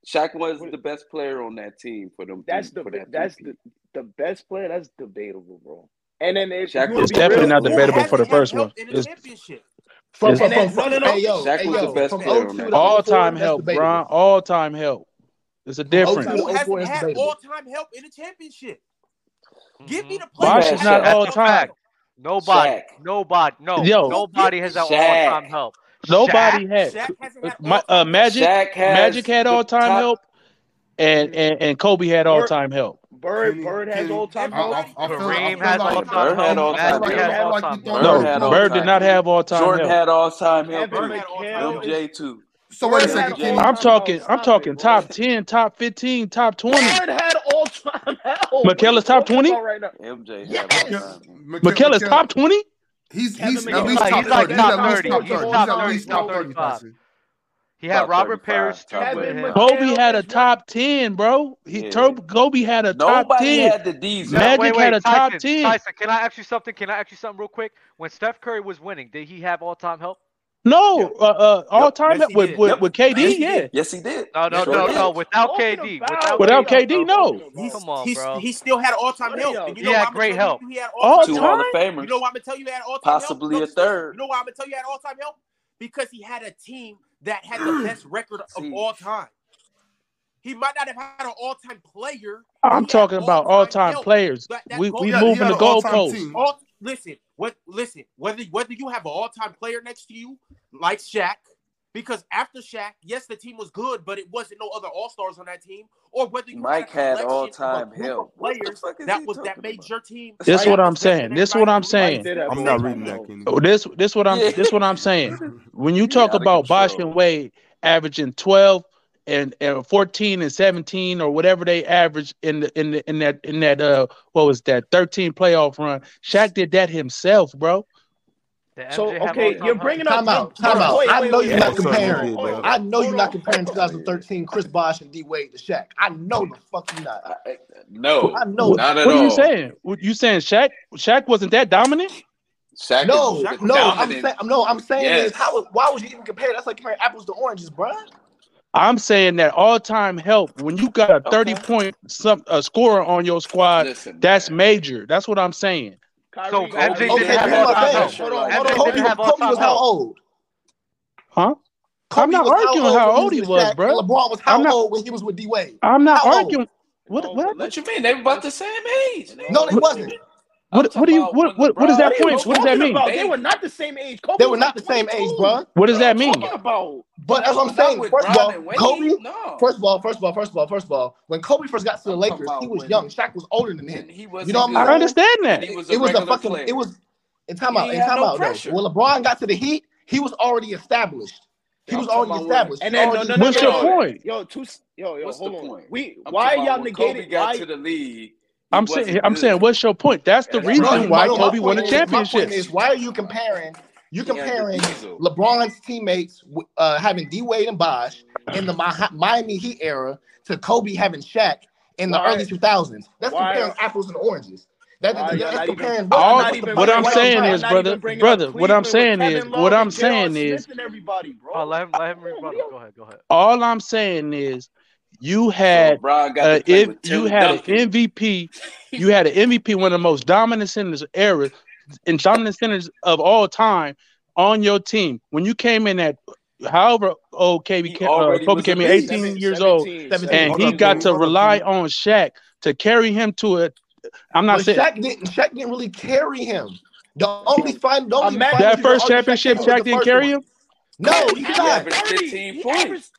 [SPEAKER 3] Shaq was
[SPEAKER 6] What-
[SPEAKER 3] the best player on that team for them.
[SPEAKER 6] That's
[SPEAKER 3] three-
[SPEAKER 6] the
[SPEAKER 3] for that
[SPEAKER 6] that's
[SPEAKER 3] three-peat.
[SPEAKER 6] the, the best player. That's debatable, bro. And then if
[SPEAKER 3] Shaq was
[SPEAKER 6] you would
[SPEAKER 4] It's
[SPEAKER 6] be
[SPEAKER 4] definitely
[SPEAKER 6] real,
[SPEAKER 4] not
[SPEAKER 2] Who
[SPEAKER 4] debatable
[SPEAKER 2] has
[SPEAKER 4] for the
[SPEAKER 2] to have
[SPEAKER 4] first
[SPEAKER 2] help
[SPEAKER 4] one.
[SPEAKER 2] In a
[SPEAKER 4] It's
[SPEAKER 2] championship.
[SPEAKER 4] It's-
[SPEAKER 7] From, from,
[SPEAKER 6] And
[SPEAKER 7] from,
[SPEAKER 6] then
[SPEAKER 7] from,
[SPEAKER 6] running
[SPEAKER 7] hey,
[SPEAKER 6] up-
[SPEAKER 7] yo,
[SPEAKER 3] Shaq
[SPEAKER 7] hey,
[SPEAKER 3] was the
[SPEAKER 7] yo,
[SPEAKER 3] best
[SPEAKER 7] from
[SPEAKER 3] player on
[SPEAKER 7] 02
[SPEAKER 3] that
[SPEAKER 7] to
[SPEAKER 3] team.
[SPEAKER 4] all
[SPEAKER 7] 04,
[SPEAKER 4] time
[SPEAKER 7] that's
[SPEAKER 4] help,
[SPEAKER 7] debatable.
[SPEAKER 4] Brian. All time help. It's a
[SPEAKER 7] From 02
[SPEAKER 4] difference.
[SPEAKER 7] to
[SPEAKER 2] Who
[SPEAKER 7] 04
[SPEAKER 2] hasn't
[SPEAKER 7] is
[SPEAKER 2] had
[SPEAKER 7] debatable.
[SPEAKER 2] all time help in a championship? Give me
[SPEAKER 1] Mhm.
[SPEAKER 2] the player.
[SPEAKER 4] Bosh
[SPEAKER 3] Shaq.
[SPEAKER 4] Mm-hmm. is not
[SPEAKER 1] That's
[SPEAKER 4] all
[SPEAKER 1] a
[SPEAKER 4] time.
[SPEAKER 1] fact. Nobody,
[SPEAKER 3] Shaq.
[SPEAKER 1] nobody, no,
[SPEAKER 4] Yo.
[SPEAKER 1] nobody has that
[SPEAKER 3] Shaq.
[SPEAKER 1] all-time help.
[SPEAKER 4] Nobody
[SPEAKER 1] Shaq?
[SPEAKER 4] had
[SPEAKER 2] Shaq hasn't
[SPEAKER 4] uh,
[SPEAKER 2] had
[SPEAKER 4] my,
[SPEAKER 2] all
[SPEAKER 4] uh,
[SPEAKER 2] time.
[SPEAKER 4] Magic.
[SPEAKER 3] Shaq has
[SPEAKER 4] Magic had
[SPEAKER 3] the
[SPEAKER 4] all time
[SPEAKER 3] top.
[SPEAKER 4] help, and, and and Kobe had all
[SPEAKER 6] Bird,
[SPEAKER 4] time help.
[SPEAKER 6] Bird,
[SPEAKER 5] Kenny-
[SPEAKER 6] Bird has
[SPEAKER 5] Kenny,
[SPEAKER 6] all time
[SPEAKER 5] I,
[SPEAKER 6] help.
[SPEAKER 5] I,
[SPEAKER 2] Everybody
[SPEAKER 5] I feel, I
[SPEAKER 1] Kareem
[SPEAKER 5] feel
[SPEAKER 1] has
[SPEAKER 5] like
[SPEAKER 1] all-time help.
[SPEAKER 3] Bird had
[SPEAKER 5] I feel
[SPEAKER 3] all-time
[SPEAKER 1] Magic
[SPEAKER 5] like
[SPEAKER 3] help.
[SPEAKER 5] I
[SPEAKER 1] has
[SPEAKER 5] feel like
[SPEAKER 1] all-time help.
[SPEAKER 5] you throwing
[SPEAKER 3] Bird
[SPEAKER 5] those
[SPEAKER 4] No,
[SPEAKER 3] had
[SPEAKER 5] blue.
[SPEAKER 4] Bird did
[SPEAKER 3] all-time
[SPEAKER 4] not
[SPEAKER 3] help.
[SPEAKER 4] have all time
[SPEAKER 3] Jordan
[SPEAKER 4] help.
[SPEAKER 3] had all-time help
[SPEAKER 6] Kevin
[SPEAKER 2] Bird
[SPEAKER 3] too.
[SPEAKER 2] had all-time
[SPEAKER 6] McHale
[SPEAKER 2] help.
[SPEAKER 6] is
[SPEAKER 3] MJ too.
[SPEAKER 5] So wait a
[SPEAKER 6] Bird had
[SPEAKER 5] second,
[SPEAKER 6] all
[SPEAKER 5] Kenny.
[SPEAKER 4] I'm
[SPEAKER 6] time help.
[SPEAKER 4] talking. I'm
[SPEAKER 6] Stop it,
[SPEAKER 4] talking
[SPEAKER 6] bro.
[SPEAKER 4] top ten, top fifteen, top twenty.
[SPEAKER 6] Bird had all time help. What are you
[SPEAKER 4] McKellar's top
[SPEAKER 6] talking
[SPEAKER 4] twenty.
[SPEAKER 6] about right now?
[SPEAKER 3] MJ had
[SPEAKER 6] Yes,
[SPEAKER 3] all-time
[SPEAKER 5] McKe-
[SPEAKER 3] help.
[SPEAKER 5] McKe-
[SPEAKER 4] McKellar's
[SPEAKER 5] McKe-
[SPEAKER 4] top twenty.
[SPEAKER 5] He's
[SPEAKER 6] Kevin
[SPEAKER 5] he's
[SPEAKER 1] He's
[SPEAKER 5] at
[SPEAKER 6] McHale
[SPEAKER 5] least
[SPEAKER 1] like
[SPEAKER 5] top
[SPEAKER 6] has
[SPEAKER 1] he's
[SPEAKER 6] the
[SPEAKER 1] like
[SPEAKER 5] thirty. He's
[SPEAKER 6] best
[SPEAKER 1] top thirty. He's top
[SPEAKER 5] at least top thirty. He's
[SPEAKER 6] top scores of all
[SPEAKER 5] at
[SPEAKER 6] time,
[SPEAKER 1] thirty,
[SPEAKER 5] least
[SPEAKER 1] top
[SPEAKER 5] top
[SPEAKER 6] bro.
[SPEAKER 5] thirty,
[SPEAKER 1] thirty-five.
[SPEAKER 5] Posse.
[SPEAKER 1] He had
[SPEAKER 3] Top
[SPEAKER 1] Robert
[SPEAKER 3] 35,
[SPEAKER 1] Parrish,
[SPEAKER 3] top
[SPEAKER 1] Tubman,
[SPEAKER 6] Kevin
[SPEAKER 1] and
[SPEAKER 3] 35.
[SPEAKER 4] Kobe
[SPEAKER 6] McHale
[SPEAKER 4] had a
[SPEAKER 6] is not.
[SPEAKER 4] top ten, bro. He
[SPEAKER 3] Yeah.
[SPEAKER 4] Tur- Kobe had a top
[SPEAKER 3] Nobody
[SPEAKER 4] ten.
[SPEAKER 3] had the D's
[SPEAKER 1] No,
[SPEAKER 3] help.
[SPEAKER 1] wait,
[SPEAKER 4] Magic had
[SPEAKER 1] wait,
[SPEAKER 4] a top
[SPEAKER 1] Tyson,
[SPEAKER 4] ten.
[SPEAKER 1] Tyson. Can I ask you something? Can I ask you something real quick? When Steph Curry was winning, did he have all-time help?
[SPEAKER 4] No,
[SPEAKER 2] Yep.
[SPEAKER 4] uh, uh, all
[SPEAKER 2] Yep.
[SPEAKER 4] time
[SPEAKER 2] Yes,
[SPEAKER 4] help
[SPEAKER 2] he
[SPEAKER 4] with
[SPEAKER 2] did.
[SPEAKER 4] with,
[SPEAKER 3] Yep.
[SPEAKER 4] with
[SPEAKER 2] Yes,
[SPEAKER 4] KD.
[SPEAKER 2] he
[SPEAKER 4] Yeah,
[SPEAKER 2] did.
[SPEAKER 3] Yes, he did.
[SPEAKER 1] No, no,
[SPEAKER 2] Yes,
[SPEAKER 3] Sure
[SPEAKER 2] he
[SPEAKER 1] no,
[SPEAKER 3] did.
[SPEAKER 1] no.
[SPEAKER 6] What are you
[SPEAKER 1] Without
[SPEAKER 6] talking
[SPEAKER 1] KD,
[SPEAKER 6] about?
[SPEAKER 1] without
[SPEAKER 6] What are
[SPEAKER 4] without
[SPEAKER 1] KD,
[SPEAKER 6] y'all
[SPEAKER 4] KD,
[SPEAKER 1] bro.
[SPEAKER 6] talking
[SPEAKER 4] no.
[SPEAKER 2] He's,
[SPEAKER 6] about?
[SPEAKER 1] Come on,
[SPEAKER 2] he's,
[SPEAKER 1] bro.
[SPEAKER 2] he still had all-time
[SPEAKER 6] What are
[SPEAKER 2] help.
[SPEAKER 6] y'all
[SPEAKER 2] And you
[SPEAKER 1] He
[SPEAKER 2] know why
[SPEAKER 1] had
[SPEAKER 2] I'm
[SPEAKER 6] talking
[SPEAKER 2] gonna
[SPEAKER 1] great
[SPEAKER 2] tell
[SPEAKER 6] about?
[SPEAKER 2] you
[SPEAKER 1] help.
[SPEAKER 2] you had
[SPEAKER 4] All
[SPEAKER 2] all-time
[SPEAKER 3] Two
[SPEAKER 2] help?
[SPEAKER 4] time.
[SPEAKER 3] Hall of
[SPEAKER 2] You
[SPEAKER 3] Famers,
[SPEAKER 2] know why I'm gonna tell you he had all-time help?
[SPEAKER 3] possibly
[SPEAKER 2] No
[SPEAKER 3] a
[SPEAKER 2] discussion.
[SPEAKER 3] third.
[SPEAKER 2] You know why I'm gonna tell you he had all-time help? Because he had a team that had the best record of
[SPEAKER 3] See,
[SPEAKER 2] all time. He might not have had an all-time player, but
[SPEAKER 4] I'm
[SPEAKER 2] he had
[SPEAKER 4] talking about all
[SPEAKER 2] all-time
[SPEAKER 4] time
[SPEAKER 2] help.
[SPEAKER 4] players.
[SPEAKER 2] That that
[SPEAKER 4] We
[SPEAKER 2] goal
[SPEAKER 4] we
[SPEAKER 5] Yeah, he
[SPEAKER 4] moving
[SPEAKER 5] had
[SPEAKER 4] the
[SPEAKER 5] an all-time
[SPEAKER 4] goalposts.
[SPEAKER 5] team.
[SPEAKER 2] all listen, what listen, whether whether you have an all-time player next to you, like Shaq, because after Shaq, yes, the team was good, but it wasn't no other all-stars on that team, or whether you had a
[SPEAKER 3] Mike had
[SPEAKER 2] collection of a
[SPEAKER 3] all-time
[SPEAKER 2] group of
[SPEAKER 3] help. What the
[SPEAKER 2] players
[SPEAKER 3] fuck is
[SPEAKER 2] that
[SPEAKER 3] he
[SPEAKER 2] was that
[SPEAKER 3] talking
[SPEAKER 2] made
[SPEAKER 3] about?
[SPEAKER 2] your team
[SPEAKER 4] This
[SPEAKER 6] Mike,
[SPEAKER 4] what
[SPEAKER 2] that
[SPEAKER 4] I'm
[SPEAKER 2] was better
[SPEAKER 4] saying.
[SPEAKER 2] than
[SPEAKER 4] This what
[SPEAKER 2] everybody
[SPEAKER 4] I'm
[SPEAKER 2] else.
[SPEAKER 6] Mike
[SPEAKER 4] saying.
[SPEAKER 6] did have
[SPEAKER 5] I'm
[SPEAKER 6] all
[SPEAKER 5] not
[SPEAKER 6] time
[SPEAKER 5] reading that,
[SPEAKER 6] help.
[SPEAKER 5] Kenny.
[SPEAKER 4] Oh, This this what I'm
[SPEAKER 3] Yeah.
[SPEAKER 4] this what I'm saying.
[SPEAKER 3] What is-
[SPEAKER 4] When you
[SPEAKER 3] he
[SPEAKER 4] talk
[SPEAKER 3] out of
[SPEAKER 4] about Bosch and
[SPEAKER 3] control.
[SPEAKER 4] Wade averaging 12 and, and 14 and 17 or whatever they averaged in the, in the, in that in that uh what was that 13 playoff run, Shaq did that himself, bro.
[SPEAKER 1] Did
[SPEAKER 6] So
[SPEAKER 1] MJ have
[SPEAKER 6] okay,
[SPEAKER 3] Yeah.
[SPEAKER 6] you're
[SPEAKER 1] all-time help?
[SPEAKER 6] bringing up
[SPEAKER 7] Time
[SPEAKER 6] you're
[SPEAKER 7] out.
[SPEAKER 6] you're
[SPEAKER 7] Time out.
[SPEAKER 6] wait
[SPEAKER 7] I
[SPEAKER 6] wait
[SPEAKER 7] know you're
[SPEAKER 6] wait
[SPEAKER 5] Yes,
[SPEAKER 7] not
[SPEAKER 5] sir,
[SPEAKER 6] wait hold
[SPEAKER 5] he
[SPEAKER 6] on
[SPEAKER 7] comparing.
[SPEAKER 5] did,
[SPEAKER 6] hold
[SPEAKER 5] dog.
[SPEAKER 6] on
[SPEAKER 7] I know you're
[SPEAKER 6] hold
[SPEAKER 7] not
[SPEAKER 6] on
[SPEAKER 7] comparing
[SPEAKER 6] hold on
[SPEAKER 7] 2013 Chris Bosh and D Wade to Shaq. I know the fuck you're not.
[SPEAKER 3] I, I- no,
[SPEAKER 7] I know
[SPEAKER 4] What,
[SPEAKER 7] that.
[SPEAKER 3] not at
[SPEAKER 4] what are you
[SPEAKER 3] all.
[SPEAKER 4] saying? What- You saying Shaq Shaq wasn't that dominant?
[SPEAKER 3] Shaq is
[SPEAKER 7] No,
[SPEAKER 2] Shaq was
[SPEAKER 7] no. I'm
[SPEAKER 2] dominant.
[SPEAKER 7] saying.
[SPEAKER 3] dominant.
[SPEAKER 7] No, I'm saying is
[SPEAKER 3] Yes.
[SPEAKER 7] how? Why would you even compare? That's like comparing apples to oranges, bruh.
[SPEAKER 4] I'm saying that all time help when you got a 30
[SPEAKER 3] Okay.
[SPEAKER 4] point some a scorer on your squad,
[SPEAKER 3] Listen,
[SPEAKER 4] that's
[SPEAKER 3] man.
[SPEAKER 4] major. That's what I'm saying.
[SPEAKER 1] So
[SPEAKER 6] Kyrie
[SPEAKER 1] MJ
[SPEAKER 6] got
[SPEAKER 3] Kobe
[SPEAKER 1] didn't
[SPEAKER 7] Okay,
[SPEAKER 3] didn't
[SPEAKER 1] have
[SPEAKER 7] but
[SPEAKER 6] Kyrie
[SPEAKER 3] have
[SPEAKER 7] here's my
[SPEAKER 1] all-time
[SPEAKER 3] the
[SPEAKER 7] thing.
[SPEAKER 1] help.
[SPEAKER 3] pressure
[SPEAKER 6] hold on
[SPEAKER 3] like
[SPEAKER 6] hold
[SPEAKER 1] MJ
[SPEAKER 6] on
[SPEAKER 1] didn't
[SPEAKER 7] Kobe
[SPEAKER 6] hold
[SPEAKER 7] was
[SPEAKER 1] have
[SPEAKER 6] on
[SPEAKER 7] Kobe
[SPEAKER 1] all-time
[SPEAKER 7] was how
[SPEAKER 1] help.
[SPEAKER 7] old?
[SPEAKER 4] Huh? I'm
[SPEAKER 7] Kobe
[SPEAKER 4] not
[SPEAKER 7] was how
[SPEAKER 4] arguing
[SPEAKER 7] old
[SPEAKER 4] how
[SPEAKER 7] when he
[SPEAKER 4] old
[SPEAKER 7] was
[SPEAKER 4] he
[SPEAKER 7] with
[SPEAKER 4] was,
[SPEAKER 7] Shaq, and
[SPEAKER 4] bro.
[SPEAKER 7] LeBron was
[SPEAKER 4] I'm
[SPEAKER 7] how
[SPEAKER 4] not
[SPEAKER 7] old when he was with D Wade?
[SPEAKER 4] I'm not
[SPEAKER 7] How old?
[SPEAKER 4] arguing. What
[SPEAKER 6] no but
[SPEAKER 4] what
[SPEAKER 3] What
[SPEAKER 6] let's
[SPEAKER 3] you mean? They about
[SPEAKER 6] let's
[SPEAKER 3] the same age, nigga.
[SPEAKER 7] No,
[SPEAKER 6] no
[SPEAKER 7] they
[SPEAKER 4] what
[SPEAKER 6] no
[SPEAKER 7] wasn't.
[SPEAKER 3] I'm
[SPEAKER 4] what what
[SPEAKER 3] talking
[SPEAKER 4] do you
[SPEAKER 3] about
[SPEAKER 4] what
[SPEAKER 3] when
[SPEAKER 4] what what
[SPEAKER 3] LeBron
[SPEAKER 4] does
[SPEAKER 6] what
[SPEAKER 4] that
[SPEAKER 6] are you
[SPEAKER 4] point?
[SPEAKER 3] was
[SPEAKER 4] What does that
[SPEAKER 6] talking
[SPEAKER 4] mean?
[SPEAKER 6] about they were
[SPEAKER 3] 28.
[SPEAKER 6] not the same age Kobe
[SPEAKER 7] They were
[SPEAKER 6] was like
[SPEAKER 7] not the same age,
[SPEAKER 6] 22
[SPEAKER 7] bruh.
[SPEAKER 4] What does
[SPEAKER 6] what are you
[SPEAKER 4] that mean?
[SPEAKER 6] talking about
[SPEAKER 7] But that's what I'm
[SPEAKER 3] Not
[SPEAKER 7] saying.
[SPEAKER 3] with
[SPEAKER 7] First of
[SPEAKER 3] Ron
[SPEAKER 7] all,
[SPEAKER 3] and Wade.
[SPEAKER 7] Kobe.
[SPEAKER 3] No.
[SPEAKER 7] First of all, first of all, first of all, first of all, when Kobe first got to the
[SPEAKER 3] I'm talking
[SPEAKER 7] Lakers, he
[SPEAKER 3] about
[SPEAKER 7] was
[SPEAKER 3] when
[SPEAKER 7] young. Shaq was older than him.
[SPEAKER 3] when he
[SPEAKER 7] You know
[SPEAKER 3] wasn't
[SPEAKER 7] what I'm
[SPEAKER 4] I
[SPEAKER 3] good,
[SPEAKER 7] saying?
[SPEAKER 4] understand
[SPEAKER 3] when
[SPEAKER 4] that.
[SPEAKER 3] he
[SPEAKER 7] It,
[SPEAKER 3] was a
[SPEAKER 7] it was a
[SPEAKER 3] regular
[SPEAKER 7] fucking. It
[SPEAKER 3] player.
[SPEAKER 7] was in
[SPEAKER 3] He
[SPEAKER 7] timeout.
[SPEAKER 3] ain't
[SPEAKER 7] In
[SPEAKER 3] had no
[SPEAKER 7] timeout though.
[SPEAKER 3] pressure.
[SPEAKER 7] When LeBron got to the Heat, he was already established. He
[SPEAKER 3] I'm
[SPEAKER 7] was
[SPEAKER 3] talking
[SPEAKER 7] already
[SPEAKER 3] about when
[SPEAKER 7] established.
[SPEAKER 6] and
[SPEAKER 7] He
[SPEAKER 6] then no
[SPEAKER 7] already
[SPEAKER 6] no no
[SPEAKER 4] What's
[SPEAKER 6] no
[SPEAKER 4] your
[SPEAKER 6] no
[SPEAKER 3] Shaq.
[SPEAKER 4] point?
[SPEAKER 6] yo two s- yo yo
[SPEAKER 3] What's the
[SPEAKER 6] hold on
[SPEAKER 3] point?
[SPEAKER 6] we
[SPEAKER 3] I'm talking
[SPEAKER 6] why
[SPEAKER 3] about
[SPEAKER 6] y'all
[SPEAKER 3] when
[SPEAKER 6] negating
[SPEAKER 3] Kobe got
[SPEAKER 6] why
[SPEAKER 3] to the league, he
[SPEAKER 4] I'm saying
[SPEAKER 3] wasn't
[SPEAKER 4] I'm saying
[SPEAKER 3] good.
[SPEAKER 4] what's your point? That's the
[SPEAKER 1] That's
[SPEAKER 6] that's
[SPEAKER 7] No,
[SPEAKER 6] not
[SPEAKER 4] reason
[SPEAKER 7] he, my,
[SPEAKER 4] why
[SPEAKER 7] no.
[SPEAKER 6] that's
[SPEAKER 7] My
[SPEAKER 4] Kobe
[SPEAKER 6] not
[SPEAKER 4] won a
[SPEAKER 7] point is,
[SPEAKER 6] negating
[SPEAKER 7] my point
[SPEAKER 4] championship.
[SPEAKER 3] What
[SPEAKER 7] is,
[SPEAKER 3] you
[SPEAKER 7] why are you
[SPEAKER 3] talking about?
[SPEAKER 7] comparing? You
[SPEAKER 3] He had the
[SPEAKER 7] comparing
[SPEAKER 3] diesel.
[SPEAKER 7] LeBron's teammates uh, having D Wade and Bosh in the Mi- Miami Heat era to Kobe having Shaq in the
[SPEAKER 6] why
[SPEAKER 7] early 2000s. That's
[SPEAKER 6] why
[SPEAKER 7] comparing apples and oranges. That,
[SPEAKER 6] Why
[SPEAKER 7] that-
[SPEAKER 6] y'all
[SPEAKER 7] that's
[SPEAKER 6] not even?
[SPEAKER 7] comparing what's
[SPEAKER 6] Y'all
[SPEAKER 4] All
[SPEAKER 6] not
[SPEAKER 7] what's the
[SPEAKER 6] even
[SPEAKER 4] what
[SPEAKER 7] best
[SPEAKER 4] I'm
[SPEAKER 6] bringing
[SPEAKER 7] player
[SPEAKER 4] saying
[SPEAKER 6] up.
[SPEAKER 7] on
[SPEAKER 6] Y'all
[SPEAKER 4] is,
[SPEAKER 7] time.
[SPEAKER 6] not
[SPEAKER 4] brother,
[SPEAKER 6] even bringing up
[SPEAKER 4] brother, what I'm
[SPEAKER 6] Cleveland with
[SPEAKER 4] saying is,
[SPEAKER 6] Kevin
[SPEAKER 4] what
[SPEAKER 6] Love
[SPEAKER 4] I'm
[SPEAKER 6] and J.R.
[SPEAKER 4] saying is
[SPEAKER 6] Smith and everybody,
[SPEAKER 1] Oh,
[SPEAKER 6] bro.
[SPEAKER 1] let him let him
[SPEAKER 6] Come on, what are
[SPEAKER 1] rebuttal.
[SPEAKER 6] y'all?
[SPEAKER 1] Go ahead, go ahead.
[SPEAKER 4] all I'm saying is you
[SPEAKER 3] So
[SPEAKER 4] had
[SPEAKER 3] LeBron got to
[SPEAKER 4] uh,
[SPEAKER 3] play
[SPEAKER 4] if
[SPEAKER 3] with
[SPEAKER 4] you
[SPEAKER 3] Tim
[SPEAKER 4] had an
[SPEAKER 3] Duncan.
[SPEAKER 4] MVP, you had an MVP, one of the most dominant centers era and dominant centers of all time on your team. When you came in at however old KB,
[SPEAKER 3] He
[SPEAKER 4] ca- uh,
[SPEAKER 3] already
[SPEAKER 4] Kobe
[SPEAKER 3] was a
[SPEAKER 4] came in
[SPEAKER 6] Seven,
[SPEAKER 3] beast.
[SPEAKER 4] 18 years old
[SPEAKER 6] 17,
[SPEAKER 7] 17.
[SPEAKER 4] and
[SPEAKER 5] Hold
[SPEAKER 4] he
[SPEAKER 6] 17
[SPEAKER 5] up,
[SPEAKER 6] is
[SPEAKER 4] got
[SPEAKER 5] Kenny.
[SPEAKER 4] to
[SPEAKER 5] Hold
[SPEAKER 6] old.
[SPEAKER 5] up,
[SPEAKER 4] rely
[SPEAKER 5] Kenny.
[SPEAKER 4] on Shaq to carry him to a I'm not
[SPEAKER 7] But
[SPEAKER 4] saying
[SPEAKER 7] Shaq didn't. Shaq didn't really carry him. The only final, the only finals
[SPEAKER 6] Imagine
[SPEAKER 4] that
[SPEAKER 7] you can
[SPEAKER 4] first
[SPEAKER 7] argue Shaq
[SPEAKER 4] championship
[SPEAKER 7] came was
[SPEAKER 4] Shaq
[SPEAKER 7] the
[SPEAKER 4] didn't
[SPEAKER 7] first
[SPEAKER 4] carry
[SPEAKER 7] one.
[SPEAKER 4] him.
[SPEAKER 7] No,
[SPEAKER 6] Kobe
[SPEAKER 7] you
[SPEAKER 3] He
[SPEAKER 6] averaged
[SPEAKER 7] cannot.
[SPEAKER 3] averaged
[SPEAKER 6] 30.
[SPEAKER 3] 15
[SPEAKER 6] He
[SPEAKER 3] points.
[SPEAKER 6] averaged.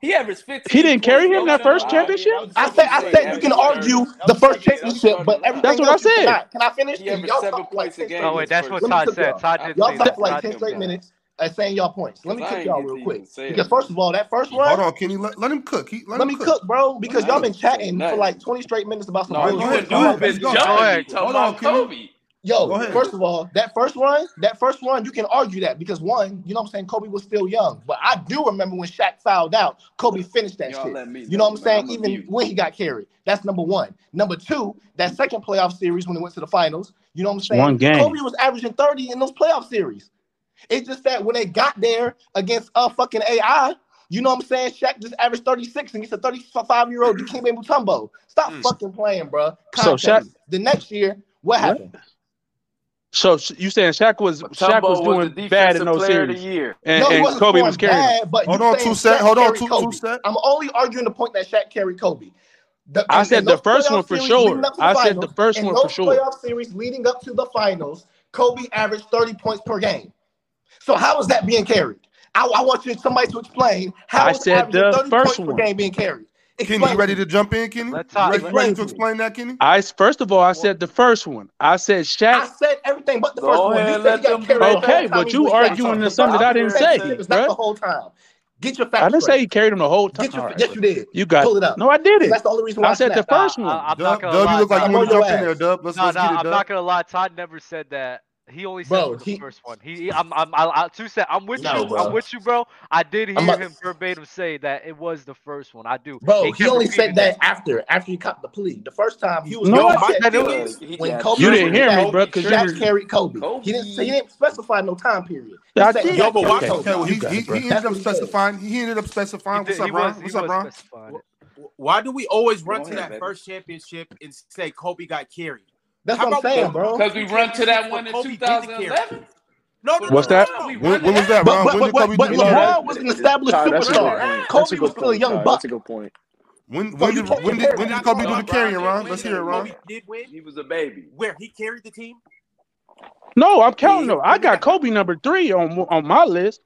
[SPEAKER 3] He averaged
[SPEAKER 4] He
[SPEAKER 3] 15
[SPEAKER 4] didn't
[SPEAKER 3] points.
[SPEAKER 4] carry him
[SPEAKER 6] No,
[SPEAKER 3] Don't
[SPEAKER 4] that
[SPEAKER 6] no,
[SPEAKER 4] first
[SPEAKER 6] no. I
[SPEAKER 3] lie.
[SPEAKER 6] mean,
[SPEAKER 4] championship.
[SPEAKER 6] that was
[SPEAKER 7] I
[SPEAKER 6] just
[SPEAKER 7] said,
[SPEAKER 3] You
[SPEAKER 6] taking
[SPEAKER 7] I
[SPEAKER 6] it.
[SPEAKER 3] say
[SPEAKER 7] said
[SPEAKER 6] That
[SPEAKER 7] you
[SPEAKER 6] was
[SPEAKER 7] can
[SPEAKER 3] average
[SPEAKER 6] just
[SPEAKER 3] 30.
[SPEAKER 7] argue
[SPEAKER 6] that
[SPEAKER 7] the
[SPEAKER 6] was
[SPEAKER 7] first
[SPEAKER 6] taking it. That
[SPEAKER 3] You
[SPEAKER 6] was
[SPEAKER 7] championship,
[SPEAKER 3] starting
[SPEAKER 7] but
[SPEAKER 3] to lie.
[SPEAKER 7] everything
[SPEAKER 4] That's what I
[SPEAKER 7] else you
[SPEAKER 4] said.
[SPEAKER 7] cannot. Can I finish?
[SPEAKER 3] He
[SPEAKER 7] Can
[SPEAKER 3] averaged
[SPEAKER 7] y'all
[SPEAKER 3] seven
[SPEAKER 7] talk for like
[SPEAKER 3] points a
[SPEAKER 7] 10
[SPEAKER 1] Oh
[SPEAKER 7] straight
[SPEAKER 3] game
[SPEAKER 1] wait,
[SPEAKER 3] his
[SPEAKER 7] minutes?
[SPEAKER 1] that's
[SPEAKER 3] first
[SPEAKER 1] what
[SPEAKER 7] Let me
[SPEAKER 1] Todd
[SPEAKER 7] clip
[SPEAKER 1] said.
[SPEAKER 7] y'all.
[SPEAKER 3] championship.
[SPEAKER 1] Todd
[SPEAKER 3] I
[SPEAKER 1] did
[SPEAKER 7] Y'all
[SPEAKER 1] say
[SPEAKER 3] think
[SPEAKER 1] that.
[SPEAKER 7] talk for
[SPEAKER 3] that's
[SPEAKER 7] like
[SPEAKER 1] Todd
[SPEAKER 7] 10
[SPEAKER 1] did
[SPEAKER 3] him
[SPEAKER 7] straight
[SPEAKER 1] say that.
[SPEAKER 3] now.
[SPEAKER 7] minutes and saying y'all points. Let
[SPEAKER 3] Because
[SPEAKER 7] me
[SPEAKER 3] I
[SPEAKER 7] clip
[SPEAKER 3] ain't
[SPEAKER 7] y'all
[SPEAKER 3] get to
[SPEAKER 7] real quick.
[SPEAKER 3] even say
[SPEAKER 7] Because
[SPEAKER 3] it,
[SPEAKER 7] first
[SPEAKER 3] bro.
[SPEAKER 7] of all, that first
[SPEAKER 5] Hold
[SPEAKER 7] run,
[SPEAKER 5] on, Kenny. Let, let him cook. He let
[SPEAKER 7] let
[SPEAKER 5] him
[SPEAKER 7] me
[SPEAKER 5] cook.
[SPEAKER 7] cook, bro.
[SPEAKER 5] Let
[SPEAKER 7] Because
[SPEAKER 5] him
[SPEAKER 3] I
[SPEAKER 7] y'all
[SPEAKER 5] cook.
[SPEAKER 7] been
[SPEAKER 3] ain't say
[SPEAKER 7] chatting for
[SPEAKER 3] nothing.
[SPEAKER 7] like 20 straight minutes about some
[SPEAKER 5] All
[SPEAKER 3] No,
[SPEAKER 5] right,
[SPEAKER 7] bullshit.
[SPEAKER 5] go
[SPEAKER 3] you
[SPEAKER 5] ahead,
[SPEAKER 3] and
[SPEAKER 7] So I'm
[SPEAKER 5] Kenny.
[SPEAKER 7] about
[SPEAKER 5] Let's go.
[SPEAKER 3] you been
[SPEAKER 7] to
[SPEAKER 1] Go
[SPEAKER 3] jumping me
[SPEAKER 1] ahead.
[SPEAKER 3] talking
[SPEAKER 5] Hold on,
[SPEAKER 3] about
[SPEAKER 5] Kenny.
[SPEAKER 3] Kobe.
[SPEAKER 7] Yo,
[SPEAKER 5] Go ahead.
[SPEAKER 7] first of all, that first run, that first run, you can argue that because one, you know what I'm saying, Kobe was still young. But I do remember when Shaq fouled out, Kobe finished that
[SPEAKER 3] Y'all
[SPEAKER 7] shit.
[SPEAKER 3] let me
[SPEAKER 7] You know what I'm
[SPEAKER 3] man.
[SPEAKER 7] saying?
[SPEAKER 3] I'ma
[SPEAKER 7] Even
[SPEAKER 3] mute.
[SPEAKER 7] when he got carried. That's number one. Number two, that second playoff series when it went to the finals, you know what I'm saying?
[SPEAKER 4] One game.
[SPEAKER 7] Kobe was averaging 30 in those playoff series. It's just that when they got there against a fucking AI, you know what I'm saying? Shaq just averaged 36 and gets a 35 year old Dikembe Mutombo. Stop
[SPEAKER 2] Mm.
[SPEAKER 7] fucking playing, bro.
[SPEAKER 4] So
[SPEAKER 7] Context.
[SPEAKER 4] Shaq-
[SPEAKER 7] the next year, what happened?
[SPEAKER 4] So sh- you saying Shaq was Shaq
[SPEAKER 3] Mutombo
[SPEAKER 4] was doing bad in those
[SPEAKER 3] player of the
[SPEAKER 4] series,
[SPEAKER 3] year.
[SPEAKER 4] and,
[SPEAKER 7] no, he
[SPEAKER 4] and
[SPEAKER 7] wasn't
[SPEAKER 4] Kobe
[SPEAKER 7] scoring
[SPEAKER 4] was carrying. him.
[SPEAKER 7] bad, but
[SPEAKER 5] Hold
[SPEAKER 7] you
[SPEAKER 5] on
[SPEAKER 7] saying
[SPEAKER 5] two sec.
[SPEAKER 7] Shaq
[SPEAKER 5] Hold on
[SPEAKER 7] carried
[SPEAKER 5] two
[SPEAKER 7] Kobe.
[SPEAKER 5] two sec.
[SPEAKER 7] I'm only arguing the point that Shaq carried Kobe. The,
[SPEAKER 4] I
[SPEAKER 7] and-
[SPEAKER 4] said
[SPEAKER 7] and
[SPEAKER 4] the
[SPEAKER 7] those
[SPEAKER 4] first
[SPEAKER 7] playoff
[SPEAKER 4] one for
[SPEAKER 7] series
[SPEAKER 4] sure.
[SPEAKER 7] leading up to the
[SPEAKER 4] I said the
[SPEAKER 7] finals,
[SPEAKER 4] first
[SPEAKER 7] in
[SPEAKER 4] one for
[SPEAKER 7] those
[SPEAKER 4] sure.
[SPEAKER 7] playoff series leading up to the finals, Kobe averaged 30 points per game. So how is that being carried? I, I want you somebody to explain how
[SPEAKER 4] I
[SPEAKER 7] is
[SPEAKER 4] said
[SPEAKER 7] averaging
[SPEAKER 4] the
[SPEAKER 7] 30
[SPEAKER 4] first
[SPEAKER 7] points
[SPEAKER 4] one.
[SPEAKER 7] per game being carried.
[SPEAKER 5] Kenny, you
[SPEAKER 7] Explain
[SPEAKER 5] ready
[SPEAKER 7] me.
[SPEAKER 5] to jump in, Kenny?
[SPEAKER 1] Let's
[SPEAKER 5] You
[SPEAKER 1] hop.
[SPEAKER 5] ready,
[SPEAKER 1] Let,
[SPEAKER 5] you ready to
[SPEAKER 7] Explain to me.
[SPEAKER 5] explain that, Kenny?
[SPEAKER 4] I first of all, I
[SPEAKER 1] well,
[SPEAKER 4] said the first one. I said Shaq.
[SPEAKER 7] I said everything but the
[SPEAKER 3] Go
[SPEAKER 7] first one.
[SPEAKER 3] ahead,
[SPEAKER 7] You said
[SPEAKER 3] let
[SPEAKER 7] he got
[SPEAKER 3] them
[SPEAKER 7] carried the
[SPEAKER 3] debate
[SPEAKER 7] whole
[SPEAKER 4] Okay,
[SPEAKER 3] that.
[SPEAKER 7] time
[SPEAKER 4] but
[SPEAKER 7] he was
[SPEAKER 4] you
[SPEAKER 7] with Shaq.
[SPEAKER 4] arguing
[SPEAKER 7] Thompson,
[SPEAKER 4] to
[SPEAKER 7] bro.
[SPEAKER 4] something that I
[SPEAKER 7] You
[SPEAKER 4] didn't
[SPEAKER 7] said
[SPEAKER 4] say,
[SPEAKER 7] this shit was not
[SPEAKER 4] bruh.
[SPEAKER 7] the whole time. Get your
[SPEAKER 4] I
[SPEAKER 7] facts
[SPEAKER 4] didn't
[SPEAKER 7] straight.
[SPEAKER 4] say he carried him the whole time.
[SPEAKER 7] Get
[SPEAKER 4] All
[SPEAKER 7] your
[SPEAKER 4] right,
[SPEAKER 7] yes, you did.
[SPEAKER 4] you got
[SPEAKER 7] Pull
[SPEAKER 4] it.
[SPEAKER 7] it up.
[SPEAKER 4] No, I
[SPEAKER 7] So
[SPEAKER 4] didn't.
[SPEAKER 7] that's the only reason why
[SPEAKER 4] I
[SPEAKER 7] I
[SPEAKER 4] said the
[SPEAKER 7] snapped.
[SPEAKER 4] first
[SPEAKER 1] Nah,
[SPEAKER 4] one.
[SPEAKER 1] I, I'm not
[SPEAKER 5] Dub,
[SPEAKER 1] gonna
[SPEAKER 5] Dub, you
[SPEAKER 1] lie,
[SPEAKER 5] look
[SPEAKER 1] Todd.
[SPEAKER 5] like you
[SPEAKER 7] I'm
[SPEAKER 5] want
[SPEAKER 7] on
[SPEAKER 5] to
[SPEAKER 1] Todd.
[SPEAKER 5] jump
[SPEAKER 7] your
[SPEAKER 5] in there,
[SPEAKER 7] ass.
[SPEAKER 5] Dub. Let's
[SPEAKER 1] Nah,
[SPEAKER 5] let's get
[SPEAKER 1] nah,
[SPEAKER 5] it,
[SPEAKER 1] I'm
[SPEAKER 5] Dub.
[SPEAKER 1] not gonna lie. Todd never said that. He only said
[SPEAKER 7] Bro,
[SPEAKER 1] for the
[SPEAKER 7] he
[SPEAKER 1] first one. He, I'm, I'm, I, I, two set. I'm with
[SPEAKER 7] no,
[SPEAKER 1] you. I'm
[SPEAKER 7] bro.
[SPEAKER 1] with you, bro. I did
[SPEAKER 7] I'm
[SPEAKER 1] hear
[SPEAKER 7] not,
[SPEAKER 1] him verbatim say that it was the first one. I do.
[SPEAKER 7] bro,
[SPEAKER 1] He
[SPEAKER 7] he
[SPEAKER 1] kept
[SPEAKER 7] only said
[SPEAKER 1] repeating
[SPEAKER 7] that
[SPEAKER 1] that.
[SPEAKER 7] after after he copped the plea. The first time he was
[SPEAKER 4] No, I
[SPEAKER 7] really
[SPEAKER 1] My
[SPEAKER 7] upset
[SPEAKER 1] that it was.
[SPEAKER 3] Because
[SPEAKER 7] furious
[SPEAKER 3] he
[SPEAKER 7] when
[SPEAKER 3] got
[SPEAKER 7] Kobe
[SPEAKER 4] You
[SPEAKER 7] was
[SPEAKER 4] didn't
[SPEAKER 7] with
[SPEAKER 3] carried.
[SPEAKER 4] hear me,
[SPEAKER 7] Shaq.
[SPEAKER 4] bro,
[SPEAKER 3] Kobe
[SPEAKER 4] because you
[SPEAKER 7] Shaq
[SPEAKER 4] didn't.
[SPEAKER 7] carried Kobe. He didn't say he
[SPEAKER 3] Kobe.
[SPEAKER 7] didn't specify no time period. He
[SPEAKER 4] I
[SPEAKER 7] said he
[SPEAKER 4] did.
[SPEAKER 2] Yo,
[SPEAKER 7] got
[SPEAKER 2] but watch.
[SPEAKER 4] Okay,
[SPEAKER 7] carried
[SPEAKER 5] Okay,
[SPEAKER 7] Kobe.
[SPEAKER 5] well
[SPEAKER 4] you
[SPEAKER 5] he
[SPEAKER 4] got
[SPEAKER 5] he,
[SPEAKER 4] it, bro.
[SPEAKER 5] he ended
[SPEAKER 7] That's
[SPEAKER 5] up
[SPEAKER 7] what he said.
[SPEAKER 5] specifying. He ended up
[SPEAKER 1] He
[SPEAKER 5] specifying. What's
[SPEAKER 1] did.
[SPEAKER 5] up,
[SPEAKER 1] He
[SPEAKER 5] Ron?
[SPEAKER 1] was. He
[SPEAKER 5] What's up,
[SPEAKER 1] was
[SPEAKER 5] Ron?
[SPEAKER 1] specifying it.
[SPEAKER 2] Wh- Why do we always run to
[SPEAKER 3] Go ahead,
[SPEAKER 2] that
[SPEAKER 3] baby.
[SPEAKER 2] first championship and say Kobe got carried?
[SPEAKER 7] That's
[SPEAKER 2] How
[SPEAKER 7] what I'm
[SPEAKER 2] about we go
[SPEAKER 7] saying,
[SPEAKER 2] to the
[SPEAKER 7] bro.
[SPEAKER 2] first
[SPEAKER 3] Because
[SPEAKER 2] two
[SPEAKER 3] we run to that
[SPEAKER 2] championships
[SPEAKER 3] one
[SPEAKER 2] where
[SPEAKER 3] in
[SPEAKER 2] Kobe didn't carry? No,
[SPEAKER 3] 2011.
[SPEAKER 2] no,
[SPEAKER 3] For
[SPEAKER 2] no,
[SPEAKER 4] What's
[SPEAKER 2] no,
[SPEAKER 4] that?
[SPEAKER 2] no, no. We
[SPEAKER 3] real.
[SPEAKER 5] When,
[SPEAKER 2] run to
[SPEAKER 5] when
[SPEAKER 2] that.
[SPEAKER 5] was that,
[SPEAKER 7] But
[SPEAKER 5] Ron?
[SPEAKER 7] but
[SPEAKER 5] When
[SPEAKER 7] but
[SPEAKER 5] did Kobe
[SPEAKER 7] but, but
[SPEAKER 5] get
[SPEAKER 4] You know
[SPEAKER 5] carried?
[SPEAKER 4] that.
[SPEAKER 7] LeBron was an established
[SPEAKER 2] We
[SPEAKER 6] Ty,
[SPEAKER 2] run to
[SPEAKER 6] that's a good
[SPEAKER 7] superstar.
[SPEAKER 2] that.
[SPEAKER 6] point. That's a
[SPEAKER 7] Kobe was
[SPEAKER 6] good
[SPEAKER 7] still a
[SPEAKER 6] point,
[SPEAKER 7] young
[SPEAKER 6] Ty. That's
[SPEAKER 7] buck.
[SPEAKER 6] a good point.
[SPEAKER 5] When
[SPEAKER 7] So
[SPEAKER 5] when
[SPEAKER 7] you
[SPEAKER 5] did
[SPEAKER 7] can't
[SPEAKER 5] when
[SPEAKER 2] But I
[SPEAKER 5] did when did Kobe
[SPEAKER 7] compare that.
[SPEAKER 2] thought
[SPEAKER 5] do the
[SPEAKER 3] LeBron
[SPEAKER 5] carrying,
[SPEAKER 2] LeBron did
[SPEAKER 5] Ron?
[SPEAKER 3] didn't
[SPEAKER 5] Let's
[SPEAKER 2] win
[SPEAKER 5] hear it,
[SPEAKER 2] and
[SPEAKER 3] win
[SPEAKER 5] Ron.
[SPEAKER 2] Kobe
[SPEAKER 3] that.
[SPEAKER 2] did win,
[SPEAKER 3] He was a baby.
[SPEAKER 2] where he carried the team.
[SPEAKER 4] No, I'm counting
[SPEAKER 3] He
[SPEAKER 4] them. I
[SPEAKER 2] When they got
[SPEAKER 4] got Kobe number three on on my list.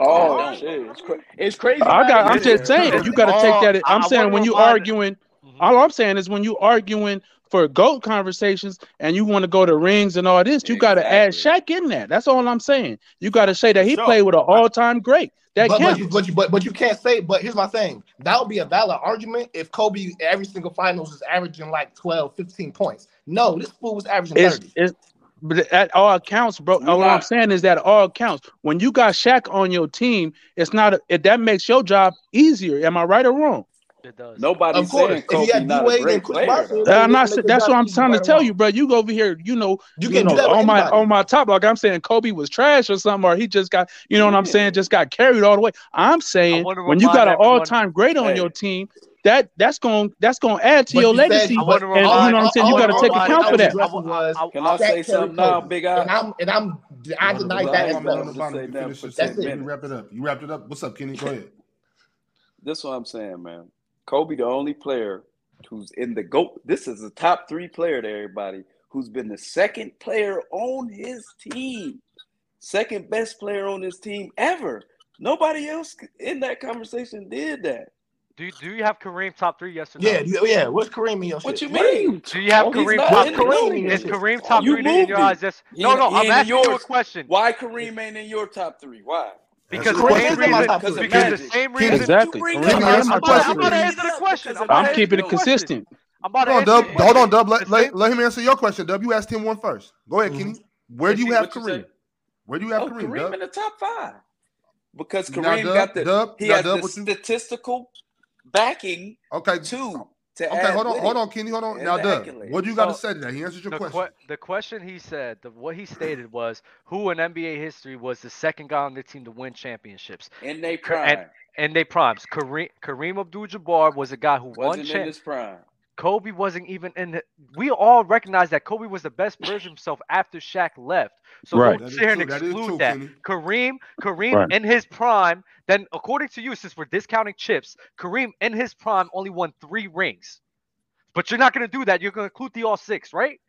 [SPEAKER 2] all
[SPEAKER 6] Oh
[SPEAKER 2] right,
[SPEAKER 6] shit,
[SPEAKER 2] I
[SPEAKER 6] it's, cra-
[SPEAKER 2] mean,
[SPEAKER 6] it's crazy
[SPEAKER 4] I
[SPEAKER 6] how they
[SPEAKER 4] got. I'm
[SPEAKER 6] get
[SPEAKER 1] This
[SPEAKER 4] just
[SPEAKER 6] there.
[SPEAKER 4] saying
[SPEAKER 1] this
[SPEAKER 4] you got to take
[SPEAKER 1] all.
[SPEAKER 4] that.
[SPEAKER 1] I,
[SPEAKER 4] I'm
[SPEAKER 1] I want
[SPEAKER 4] saying
[SPEAKER 1] to
[SPEAKER 4] when you
[SPEAKER 1] remind.
[SPEAKER 4] arguing,
[SPEAKER 1] Mhm.
[SPEAKER 4] all I'm saying is when you arguing for goat conversations and you want to go to rings and all this, you got to add
[SPEAKER 3] exactly.
[SPEAKER 4] Shaq in that. That's all I'm saying. You got to say
[SPEAKER 2] for
[SPEAKER 4] that he
[SPEAKER 2] sure.
[SPEAKER 4] played with an
[SPEAKER 2] I,
[SPEAKER 4] all time great. That
[SPEAKER 7] But but
[SPEAKER 4] counts.
[SPEAKER 7] you but you but, but you can't say. But here's my thing. That would be a valid argument if Kobe every single finals is averaging like 12, 15 points. No, this fool was averaging
[SPEAKER 4] It's
[SPEAKER 7] thirty.
[SPEAKER 4] it's but at all counts, bro.
[SPEAKER 3] We
[SPEAKER 4] All I'm
[SPEAKER 3] not
[SPEAKER 4] saying is that all counts. When you got Shaq on your team, it's not a, it, that makes your job easier. Am I right or wrong?
[SPEAKER 1] It does.
[SPEAKER 3] nobody
[SPEAKER 7] Of
[SPEAKER 3] saying
[SPEAKER 7] course, if you
[SPEAKER 3] Kobe
[SPEAKER 7] had D
[SPEAKER 3] not a
[SPEAKER 7] Wade and
[SPEAKER 3] great
[SPEAKER 7] Chris
[SPEAKER 3] player
[SPEAKER 7] Bosh,
[SPEAKER 3] though.
[SPEAKER 7] then
[SPEAKER 4] I'm
[SPEAKER 7] it
[SPEAKER 4] not.
[SPEAKER 7] doesn't
[SPEAKER 4] sa-
[SPEAKER 7] make your
[SPEAKER 4] That's
[SPEAKER 7] job
[SPEAKER 4] what I'm
[SPEAKER 7] easy,
[SPEAKER 4] trying to
[SPEAKER 7] right or
[SPEAKER 4] tell you,
[SPEAKER 7] wrong.
[SPEAKER 4] bro. You go over here, you know,
[SPEAKER 7] You
[SPEAKER 4] you
[SPEAKER 7] can't do
[SPEAKER 4] know,
[SPEAKER 7] that with
[SPEAKER 4] on my
[SPEAKER 7] anybody.
[SPEAKER 4] on my top, like I'm saying, Kobe was trash or something, or he just got, you know, what I'm saying,
[SPEAKER 3] Yeah.
[SPEAKER 4] just got carried all the way. I'm
[SPEAKER 1] I
[SPEAKER 4] saying
[SPEAKER 1] want to
[SPEAKER 4] when you got
[SPEAKER 1] remind
[SPEAKER 4] an all
[SPEAKER 1] everyone.
[SPEAKER 4] time great on your
[SPEAKER 3] Hey,
[SPEAKER 4] team, that that's going that's going to add to
[SPEAKER 7] But
[SPEAKER 4] your
[SPEAKER 7] you said,
[SPEAKER 1] I
[SPEAKER 4] legacy,
[SPEAKER 1] want
[SPEAKER 7] but
[SPEAKER 1] to
[SPEAKER 4] and
[SPEAKER 7] all
[SPEAKER 4] you
[SPEAKER 1] remind.
[SPEAKER 4] know what I'm
[SPEAKER 7] all,
[SPEAKER 4] saying. You
[SPEAKER 1] I
[SPEAKER 7] all
[SPEAKER 4] got
[SPEAKER 7] the
[SPEAKER 4] to
[SPEAKER 1] want to
[SPEAKER 7] all
[SPEAKER 1] remind
[SPEAKER 4] take
[SPEAKER 7] the point
[SPEAKER 4] account
[SPEAKER 1] every. I,
[SPEAKER 4] for that.
[SPEAKER 7] I was addressing
[SPEAKER 1] wa- I,
[SPEAKER 7] was
[SPEAKER 1] I,
[SPEAKER 3] can I
[SPEAKER 1] I,
[SPEAKER 7] Shaq
[SPEAKER 3] say
[SPEAKER 7] carried
[SPEAKER 3] something now,
[SPEAKER 7] Kobe,
[SPEAKER 3] Big
[SPEAKER 7] and
[SPEAKER 3] Eye?
[SPEAKER 7] I'm and I'm I
[SPEAKER 5] Hold on,
[SPEAKER 7] denied
[SPEAKER 5] hold
[SPEAKER 3] Because
[SPEAKER 5] on,
[SPEAKER 7] that
[SPEAKER 3] I
[SPEAKER 7] as
[SPEAKER 5] hold on,
[SPEAKER 3] ain't wanted
[SPEAKER 5] hold
[SPEAKER 7] well.
[SPEAKER 5] on,
[SPEAKER 3] to
[SPEAKER 5] Ron.
[SPEAKER 3] say
[SPEAKER 5] Let me
[SPEAKER 3] nothing
[SPEAKER 5] finish
[SPEAKER 3] for
[SPEAKER 5] this
[SPEAKER 7] That's
[SPEAKER 5] segment.
[SPEAKER 3] ten
[SPEAKER 5] Let
[SPEAKER 7] it.
[SPEAKER 5] me wrap it
[SPEAKER 3] minutes.
[SPEAKER 5] up. You wrapped it up. What's up, Kenny? Go ahead.
[SPEAKER 3] That's what I'm saying, man. Kobe, the only player who's in the GOAT. This is the top three player to everybody who's been the second player on his team, second best player on his team ever. Nobody else in that conversation did that.
[SPEAKER 1] do do you have Kareem top three? Yes or no?
[SPEAKER 7] Yeah, you- yeah. What's Kareem in your
[SPEAKER 3] What
[SPEAKER 7] shit?
[SPEAKER 3] you
[SPEAKER 7] What?
[SPEAKER 3] mean?
[SPEAKER 1] Do you have
[SPEAKER 3] He's
[SPEAKER 1] Kareem
[SPEAKER 3] not
[SPEAKER 7] What's
[SPEAKER 1] top
[SPEAKER 3] in the
[SPEAKER 1] three?
[SPEAKER 7] Kareem in
[SPEAKER 3] GOAT
[SPEAKER 1] Is
[SPEAKER 7] your
[SPEAKER 3] list.
[SPEAKER 7] shit?
[SPEAKER 1] Kareem top
[SPEAKER 3] You
[SPEAKER 1] three in
[SPEAKER 3] moved
[SPEAKER 1] your
[SPEAKER 3] him.
[SPEAKER 1] eyes? Yes.
[SPEAKER 3] He
[SPEAKER 1] No,
[SPEAKER 3] ain't,
[SPEAKER 1] no.
[SPEAKER 3] he
[SPEAKER 1] I'm
[SPEAKER 3] ain't in
[SPEAKER 1] asking you a
[SPEAKER 3] yours.
[SPEAKER 1] question
[SPEAKER 3] Why Kareem ain't in your top three? Why?
[SPEAKER 5] That's
[SPEAKER 1] because
[SPEAKER 5] the
[SPEAKER 1] the same
[SPEAKER 7] Kareem
[SPEAKER 5] question.
[SPEAKER 7] is in my
[SPEAKER 1] reason,
[SPEAKER 7] top
[SPEAKER 3] Because
[SPEAKER 7] three.
[SPEAKER 1] because the
[SPEAKER 7] Yes.
[SPEAKER 3] imagine
[SPEAKER 1] same
[SPEAKER 3] that
[SPEAKER 5] Kenny,
[SPEAKER 1] reason.
[SPEAKER 3] you
[SPEAKER 4] Exactly.
[SPEAKER 3] bring
[SPEAKER 4] Kareem
[SPEAKER 3] up
[SPEAKER 5] Kenny,
[SPEAKER 4] ain't
[SPEAKER 1] I'm,
[SPEAKER 4] in
[SPEAKER 5] answer
[SPEAKER 4] my
[SPEAKER 5] the
[SPEAKER 1] I'm
[SPEAKER 3] Kareem.
[SPEAKER 1] about
[SPEAKER 3] You
[SPEAKER 1] to, I'm about to answer the
[SPEAKER 5] question, Kenny.
[SPEAKER 3] bring it
[SPEAKER 4] top three.
[SPEAKER 3] up
[SPEAKER 1] question.
[SPEAKER 3] because
[SPEAKER 1] I'm
[SPEAKER 3] it
[SPEAKER 1] about
[SPEAKER 4] I'm
[SPEAKER 1] to answer
[SPEAKER 3] matters.
[SPEAKER 4] keeping
[SPEAKER 1] the
[SPEAKER 4] it
[SPEAKER 1] question.
[SPEAKER 4] consistent.
[SPEAKER 1] I'm about to
[SPEAKER 5] Hold
[SPEAKER 1] answer your
[SPEAKER 5] on, Dub. Hold
[SPEAKER 3] What
[SPEAKER 1] question.
[SPEAKER 5] on,
[SPEAKER 3] you?
[SPEAKER 5] Dub.
[SPEAKER 1] The
[SPEAKER 5] Let,
[SPEAKER 1] same.
[SPEAKER 5] let, let him answer your question, Dub. You asked him one first. Go ahead,
[SPEAKER 7] Mhm.
[SPEAKER 5] Kenny. Where
[SPEAKER 3] If
[SPEAKER 5] do you
[SPEAKER 3] you
[SPEAKER 5] have
[SPEAKER 3] what you say?
[SPEAKER 5] Kareem? Where do you have
[SPEAKER 3] Oh,
[SPEAKER 5] Kareem,
[SPEAKER 3] Kareem
[SPEAKER 5] Dub?
[SPEAKER 3] in the top five because
[SPEAKER 5] Now,
[SPEAKER 3] Kareem
[SPEAKER 5] Dub,
[SPEAKER 3] got the
[SPEAKER 5] Dub,
[SPEAKER 3] he
[SPEAKER 5] now,
[SPEAKER 3] has
[SPEAKER 5] Dub,
[SPEAKER 3] the
[SPEAKER 5] what you?
[SPEAKER 3] statistical backing
[SPEAKER 5] Okay,
[SPEAKER 3] too to
[SPEAKER 5] okay.
[SPEAKER 3] add
[SPEAKER 5] Hold on,
[SPEAKER 3] with
[SPEAKER 5] hold
[SPEAKER 3] it
[SPEAKER 5] on, Kenny. Hold on.
[SPEAKER 3] and
[SPEAKER 5] Now,
[SPEAKER 3] the
[SPEAKER 5] Dub, what do
[SPEAKER 3] accolades.
[SPEAKER 5] you got to
[SPEAKER 1] So
[SPEAKER 5] say to that? He answered your
[SPEAKER 1] the que-
[SPEAKER 5] question.
[SPEAKER 1] the question he said, the what he stated was, who in NBA history was the second guy on their team to win championships?
[SPEAKER 3] in their
[SPEAKER 1] Ka- And
[SPEAKER 3] prime.
[SPEAKER 1] and they primes. Kareem Kareem Abdul-Jabbar was a guy who won
[SPEAKER 3] Wasn't in
[SPEAKER 1] champ.
[SPEAKER 3] his prime.
[SPEAKER 1] Kobe wasn't even in. The, we all recognize that Kobe was the best version of himself after Shaq left. So
[SPEAKER 4] Right.
[SPEAKER 1] don't
[SPEAKER 5] That
[SPEAKER 1] sit
[SPEAKER 5] is
[SPEAKER 1] here and
[SPEAKER 5] true. That is
[SPEAKER 1] exclude
[SPEAKER 5] true,
[SPEAKER 1] that.
[SPEAKER 5] Kenny.
[SPEAKER 1] Kareem, Kareem
[SPEAKER 4] Right.
[SPEAKER 1] in his prime. Then, according to you, since we're discounting chips, Kareem in his prime only won three rings. But you're not going to do that. You're going to include the all six, right?